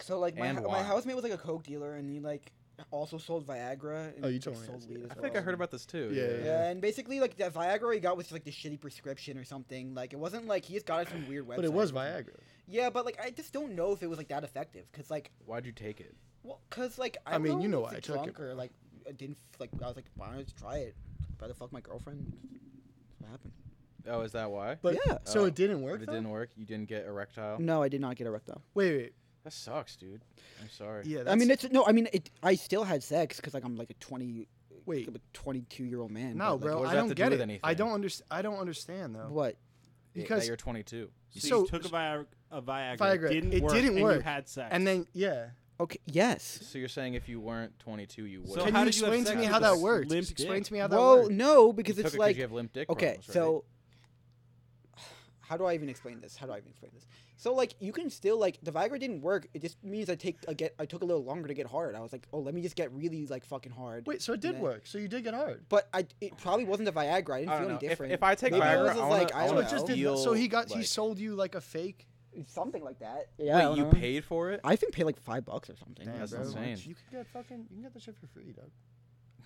[SPEAKER 1] so, like my
[SPEAKER 4] And
[SPEAKER 1] hou-
[SPEAKER 4] why?
[SPEAKER 1] my housemate was like a coke dealer, and he like also sold Viagra. And
[SPEAKER 2] Oh, you
[SPEAKER 1] like,
[SPEAKER 2] told me
[SPEAKER 1] sold
[SPEAKER 2] this,
[SPEAKER 1] weed
[SPEAKER 2] yeah.
[SPEAKER 1] as
[SPEAKER 4] I think I
[SPEAKER 1] well.
[SPEAKER 4] heard about this too.
[SPEAKER 2] Yeah, yeah,
[SPEAKER 1] Yeah, and basically like that Viagra he got was like the shitty prescription or something. Like it wasn't like he just got it from weird website.
[SPEAKER 2] But it was
[SPEAKER 1] or something.
[SPEAKER 2] Viagra.
[SPEAKER 1] Yeah, but like I just don't know if it was like that effective, cause like
[SPEAKER 4] Why'd you take it?
[SPEAKER 1] Well, cause like I,
[SPEAKER 2] I mean,
[SPEAKER 1] don't
[SPEAKER 2] you know
[SPEAKER 1] was
[SPEAKER 2] why I
[SPEAKER 1] it
[SPEAKER 2] took it,
[SPEAKER 1] drunk Or like I didn't f- like I was like why don't you try it? Try to fuck my girlfriend. That's What happened?
[SPEAKER 4] Oh, is that why?
[SPEAKER 2] But
[SPEAKER 1] Yeah.
[SPEAKER 2] So
[SPEAKER 4] Oh.
[SPEAKER 2] it didn't
[SPEAKER 4] If
[SPEAKER 2] work.
[SPEAKER 4] it
[SPEAKER 2] though? Mm.
[SPEAKER 4] didn't work, you didn't get erectile.
[SPEAKER 1] No, I did not get erectile.
[SPEAKER 2] Wait, wait.
[SPEAKER 4] That sucks, dude. I'm sorry.
[SPEAKER 2] Yeah.
[SPEAKER 1] I
[SPEAKER 2] that's-
[SPEAKER 1] mean, it's no. I mean, it. I still had sex because like I'm like a twenty.
[SPEAKER 2] Wait.
[SPEAKER 1] I'm a twenty-two year old man.
[SPEAKER 2] No,
[SPEAKER 1] but, like,
[SPEAKER 2] bro,
[SPEAKER 4] what does
[SPEAKER 2] I
[SPEAKER 4] that
[SPEAKER 2] don't
[SPEAKER 4] to do
[SPEAKER 2] get
[SPEAKER 4] with
[SPEAKER 2] it. I
[SPEAKER 4] anything?
[SPEAKER 2] don't understand. I don't understand though.
[SPEAKER 1] What?
[SPEAKER 4] Yeah, that
[SPEAKER 2] because-
[SPEAKER 4] you're 22.
[SPEAKER 3] So,
[SPEAKER 2] So-
[SPEAKER 3] you took a, Viag- a Viagra,
[SPEAKER 2] Viagra.
[SPEAKER 3] didn't
[SPEAKER 2] it
[SPEAKER 3] work,
[SPEAKER 2] didn't
[SPEAKER 3] and
[SPEAKER 2] work.
[SPEAKER 3] you had sex.
[SPEAKER 2] And then yeah,
[SPEAKER 1] Okay. Yes.
[SPEAKER 4] So you're saying if you weren't 22, you would.
[SPEAKER 3] So
[SPEAKER 2] can
[SPEAKER 3] how
[SPEAKER 2] you
[SPEAKER 3] did you have
[SPEAKER 2] explain to
[SPEAKER 3] sex
[SPEAKER 2] me
[SPEAKER 3] with
[SPEAKER 2] how that
[SPEAKER 3] this
[SPEAKER 2] worked?
[SPEAKER 3] limp
[SPEAKER 2] Explain
[SPEAKER 3] dick?
[SPEAKER 2] to me how that
[SPEAKER 1] Well,
[SPEAKER 2] worked.
[SPEAKER 1] no, because it's like
[SPEAKER 4] you have limp dick
[SPEAKER 1] okay.
[SPEAKER 4] problems, right?
[SPEAKER 1] So how do I even explain this? How do I even explain this? So like you can still like the Viagra didn't work. It just means I take I get I took a little longer to get hard. I was like, oh, let me just get really like fucking hard.
[SPEAKER 2] Wait, so it did
[SPEAKER 1] then-
[SPEAKER 2] work. So you did get hard.
[SPEAKER 1] But I, it probably wasn't the Viagra. I didn't
[SPEAKER 4] I
[SPEAKER 1] feel
[SPEAKER 4] don't know.
[SPEAKER 1] any
[SPEAKER 4] If,
[SPEAKER 1] different.
[SPEAKER 4] if I take
[SPEAKER 1] Maybe it
[SPEAKER 4] Viagra,
[SPEAKER 1] was
[SPEAKER 4] I
[SPEAKER 1] just
[SPEAKER 4] wanna-
[SPEAKER 1] like, I
[SPEAKER 4] I
[SPEAKER 1] don't
[SPEAKER 2] So
[SPEAKER 4] wanna
[SPEAKER 2] it just
[SPEAKER 1] know.
[SPEAKER 2] did. not So he
[SPEAKER 4] feel
[SPEAKER 2] got he
[SPEAKER 4] like-
[SPEAKER 2] sold you like a fake.
[SPEAKER 1] something like that. Yeah. I
[SPEAKER 4] Wait,
[SPEAKER 1] don't
[SPEAKER 4] you
[SPEAKER 1] know.
[SPEAKER 4] paid for it?
[SPEAKER 1] I think pay like five bucks or something.
[SPEAKER 4] That's
[SPEAKER 2] bro.
[SPEAKER 4] insane.
[SPEAKER 2] You can get fucking. You can get that shit for free, dog.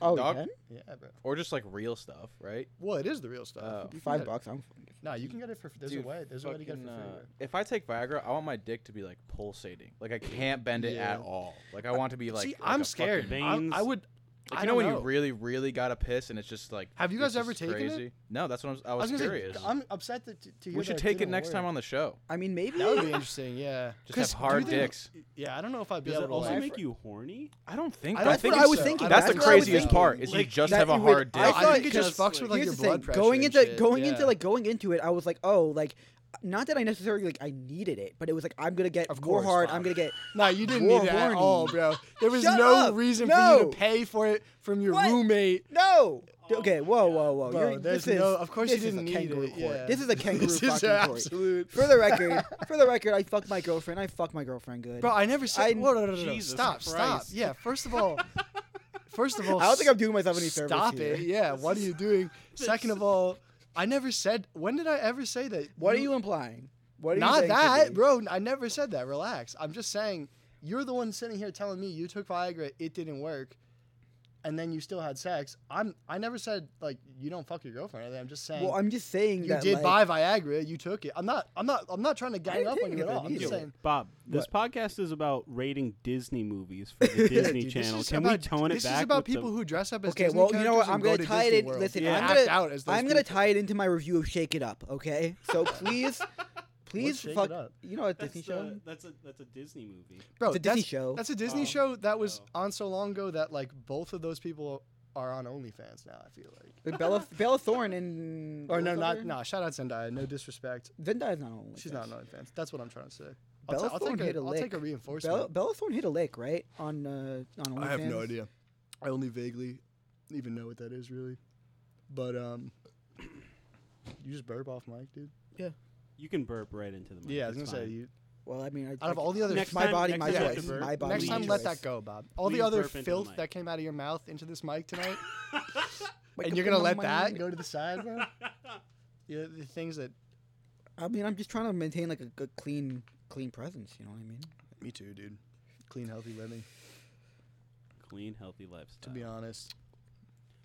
[SPEAKER 1] Oh,
[SPEAKER 4] Dog-
[SPEAKER 1] you can?
[SPEAKER 2] Yeah, bro.
[SPEAKER 4] Or just like real stuff, right?
[SPEAKER 2] Well, it is the real stuff.
[SPEAKER 4] Oh.
[SPEAKER 2] You can
[SPEAKER 1] five
[SPEAKER 2] get it-
[SPEAKER 1] bucks. I don't fucking give
[SPEAKER 2] Nah, you can get it for. There's
[SPEAKER 4] Dude,
[SPEAKER 2] a way. There's a way to get it
[SPEAKER 4] fucking,
[SPEAKER 2] for free.
[SPEAKER 4] uh,
[SPEAKER 2] bro.
[SPEAKER 4] if I take Viagra, I want my dick to be like pulsating. Like I can't bend it
[SPEAKER 2] Yeah.
[SPEAKER 4] at all. Like I want to be like.
[SPEAKER 2] See,
[SPEAKER 4] like
[SPEAKER 2] I'm
[SPEAKER 4] a
[SPEAKER 2] scared.
[SPEAKER 4] fucking-
[SPEAKER 2] I'm- I
[SPEAKER 3] veins.
[SPEAKER 2] would.
[SPEAKER 4] like,
[SPEAKER 2] I
[SPEAKER 4] you know
[SPEAKER 2] don't
[SPEAKER 4] when
[SPEAKER 2] know.
[SPEAKER 4] you really, really gotta piss and it's just like.
[SPEAKER 2] Have you
[SPEAKER 4] it's
[SPEAKER 2] guys ever
[SPEAKER 4] just
[SPEAKER 2] taken it?
[SPEAKER 4] crazy? No, that's what I'm, I
[SPEAKER 2] I
[SPEAKER 4] was,
[SPEAKER 2] was gonna
[SPEAKER 4] curious.
[SPEAKER 2] Say, I'm upset that to, to hear
[SPEAKER 4] we should
[SPEAKER 2] that
[SPEAKER 4] take it
[SPEAKER 2] didn't
[SPEAKER 4] next time
[SPEAKER 2] work.
[SPEAKER 4] on the show.
[SPEAKER 1] I mean, maybe.
[SPEAKER 2] That would be interesting. Yeah.
[SPEAKER 4] Just
[SPEAKER 2] 'Cause
[SPEAKER 4] have
[SPEAKER 2] do
[SPEAKER 4] hard
[SPEAKER 2] they-
[SPEAKER 4] dicks.
[SPEAKER 2] Yeah, I don't know if I'd be
[SPEAKER 3] Does it
[SPEAKER 2] able to.
[SPEAKER 3] also
[SPEAKER 2] like-
[SPEAKER 3] make you horny?
[SPEAKER 4] I don't think.
[SPEAKER 2] I don't
[SPEAKER 4] I think
[SPEAKER 2] think
[SPEAKER 1] I was
[SPEAKER 2] so.
[SPEAKER 1] thinking.
[SPEAKER 4] That's the
[SPEAKER 1] what I was
[SPEAKER 4] craziest
[SPEAKER 1] thinking.
[SPEAKER 4] part is you
[SPEAKER 3] Like,
[SPEAKER 4] just
[SPEAKER 1] that
[SPEAKER 4] have a
[SPEAKER 1] you would-
[SPEAKER 4] hard dick.
[SPEAKER 1] I
[SPEAKER 2] I,
[SPEAKER 1] thought
[SPEAKER 2] think it just
[SPEAKER 3] because,
[SPEAKER 2] fucks with
[SPEAKER 3] like,
[SPEAKER 2] like
[SPEAKER 1] Here's
[SPEAKER 2] your
[SPEAKER 1] the
[SPEAKER 2] blood
[SPEAKER 1] thing.
[SPEAKER 2] pressure.
[SPEAKER 1] Going
[SPEAKER 2] and
[SPEAKER 1] into
[SPEAKER 2] shit.
[SPEAKER 1] going into
[SPEAKER 2] Yeah.
[SPEAKER 1] like going into it, I was like, oh, like not that I necessarily like I needed it, but it was like I'm gonna get
[SPEAKER 2] Of
[SPEAKER 1] more
[SPEAKER 2] course,
[SPEAKER 1] hard.
[SPEAKER 2] Bob.
[SPEAKER 1] I'm gonna get.
[SPEAKER 2] Nah, you didn't
[SPEAKER 1] More
[SPEAKER 2] need it at
[SPEAKER 1] horny.
[SPEAKER 2] all, bro. There was
[SPEAKER 1] Shut
[SPEAKER 2] no
[SPEAKER 1] up.
[SPEAKER 2] reason for
[SPEAKER 1] No.
[SPEAKER 2] you to pay for it from your
[SPEAKER 1] What?
[SPEAKER 2] roommate.
[SPEAKER 1] No. okay. Whoa. Whoa. Whoa.
[SPEAKER 2] Bro,
[SPEAKER 1] You're,
[SPEAKER 2] there's
[SPEAKER 1] this is,
[SPEAKER 2] no- of course you
[SPEAKER 1] this is
[SPEAKER 2] didn't
[SPEAKER 1] a
[SPEAKER 2] need
[SPEAKER 1] kangaroo
[SPEAKER 2] it,
[SPEAKER 1] court.
[SPEAKER 2] yeah.
[SPEAKER 1] This is a kangaroo
[SPEAKER 2] This
[SPEAKER 1] fucking
[SPEAKER 2] is
[SPEAKER 1] court.
[SPEAKER 2] absolute.
[SPEAKER 1] For the record, for the record, I fucked my girlfriend. I fucked my girlfriend good.
[SPEAKER 2] Bro, I never said.
[SPEAKER 1] I-
[SPEAKER 2] whoa, no, no, no, no.
[SPEAKER 3] Jesus
[SPEAKER 2] Stop, stop.
[SPEAKER 3] Christ.
[SPEAKER 2] Yeah, first of all, first of all,
[SPEAKER 1] I don't think I'm doing myself any service.
[SPEAKER 2] stop
[SPEAKER 1] here.
[SPEAKER 2] it. Yeah, what are you doing? Second of all, I never said. When did I ever say that?
[SPEAKER 1] What are you implying? What are
[SPEAKER 2] Not
[SPEAKER 1] you saying to me?
[SPEAKER 2] that, bro. I never said that. Relax. I'm just saying you're the one sitting here telling me you took Viagra, it didn't work. and then you still had sex. I'm I never said like you don't fuck your girlfriend. or anything. I'm just saying
[SPEAKER 1] Well, I'm just saying
[SPEAKER 2] you
[SPEAKER 1] that
[SPEAKER 2] did
[SPEAKER 1] like,
[SPEAKER 2] buy Viagra. You took it. I'm not I'm not I'm not trying to gang
[SPEAKER 1] didn't
[SPEAKER 2] up on
[SPEAKER 1] think
[SPEAKER 2] you at
[SPEAKER 1] of
[SPEAKER 2] all.
[SPEAKER 1] it
[SPEAKER 2] I'm just
[SPEAKER 1] either.
[SPEAKER 2] saying
[SPEAKER 7] Bob, this podcast is about rating Disney movies for the Disney
[SPEAKER 2] Dude, this
[SPEAKER 7] Channel.
[SPEAKER 2] is
[SPEAKER 7] Can
[SPEAKER 2] about-
[SPEAKER 7] we tone it
[SPEAKER 2] this
[SPEAKER 7] back?
[SPEAKER 2] is about
[SPEAKER 7] with
[SPEAKER 2] people
[SPEAKER 7] the,
[SPEAKER 2] who dress up as
[SPEAKER 1] Okay,
[SPEAKER 2] Disney
[SPEAKER 1] well, you know what?
[SPEAKER 2] characters
[SPEAKER 1] I'm
[SPEAKER 2] and go
[SPEAKER 1] gonna
[SPEAKER 2] to
[SPEAKER 1] tie
[SPEAKER 2] Disney
[SPEAKER 1] it. In,
[SPEAKER 2] World.
[SPEAKER 1] listen,
[SPEAKER 2] Yeah.
[SPEAKER 1] I'm
[SPEAKER 2] Act
[SPEAKER 1] gonna
[SPEAKER 2] out as those
[SPEAKER 1] I'm gonna
[SPEAKER 2] people.
[SPEAKER 1] tie it into my review of Shake It Up. Okay, so please, please
[SPEAKER 2] Shake It
[SPEAKER 1] fuck.
[SPEAKER 2] Up?
[SPEAKER 1] You know what
[SPEAKER 3] That's,
[SPEAKER 1] Disney show?
[SPEAKER 3] the, that's a that's a Disney movie.
[SPEAKER 2] Bro,
[SPEAKER 1] It's a
[SPEAKER 2] that's,
[SPEAKER 1] Disney show.
[SPEAKER 2] That's a Disney
[SPEAKER 3] Oh,
[SPEAKER 2] show that was
[SPEAKER 3] no.
[SPEAKER 2] on so long ago that like both of those people are on OnlyFans now. I feel like.
[SPEAKER 1] With Bella Bella Thorne and
[SPEAKER 2] Or no,
[SPEAKER 1] what's
[SPEAKER 2] not
[SPEAKER 1] her?
[SPEAKER 2] nah. Shout out Zendaya. No disrespect.
[SPEAKER 1] Zendaya's not on.
[SPEAKER 2] She's
[SPEAKER 1] OnlyFans.
[SPEAKER 2] not on OnlyFans. That's what I'm trying to say. I'll
[SPEAKER 1] Bella
[SPEAKER 2] ta- I'll
[SPEAKER 1] Thorne
[SPEAKER 2] take
[SPEAKER 1] hit
[SPEAKER 2] a,
[SPEAKER 1] a
[SPEAKER 2] I'll take a
[SPEAKER 1] lick.
[SPEAKER 2] reinforcement.
[SPEAKER 1] Bella, Bella Thorne hit a lick, right? On uh, on OnlyFans.
[SPEAKER 2] I have no idea. I only vaguely even know what that is really. But um you just burp off mic, dude.
[SPEAKER 3] You can burp right into the mic.
[SPEAKER 2] Yeah, I was gonna
[SPEAKER 3] it's
[SPEAKER 2] say
[SPEAKER 3] fine.
[SPEAKER 2] you
[SPEAKER 1] Well, I mean, I,
[SPEAKER 2] out of all the other
[SPEAKER 3] Next
[SPEAKER 1] my
[SPEAKER 3] time-
[SPEAKER 1] body,
[SPEAKER 3] next
[SPEAKER 1] my
[SPEAKER 2] time you
[SPEAKER 1] choice.
[SPEAKER 2] have to
[SPEAKER 1] My
[SPEAKER 3] burp,
[SPEAKER 1] body,
[SPEAKER 2] next
[SPEAKER 1] my
[SPEAKER 2] time
[SPEAKER 1] choice.
[SPEAKER 2] let that go, Bob. All
[SPEAKER 3] Please
[SPEAKER 2] the other
[SPEAKER 3] burp into the
[SPEAKER 2] filth
[SPEAKER 3] mic.
[SPEAKER 2] that came out of your mouth into this mic tonight
[SPEAKER 1] Wake
[SPEAKER 2] and
[SPEAKER 1] up
[SPEAKER 2] you're
[SPEAKER 1] in
[SPEAKER 2] gonna
[SPEAKER 1] the
[SPEAKER 2] let that
[SPEAKER 1] morning.
[SPEAKER 2] go to the side, bro? Yeah, the things that
[SPEAKER 1] I mean, I'm just trying to maintain like a good, clean, clean presence. You know what I mean?
[SPEAKER 2] Me too, dude. Clean healthy living,
[SPEAKER 3] clean, healthy lifestyle.
[SPEAKER 2] to be
[SPEAKER 4] Uh,
[SPEAKER 2] honest.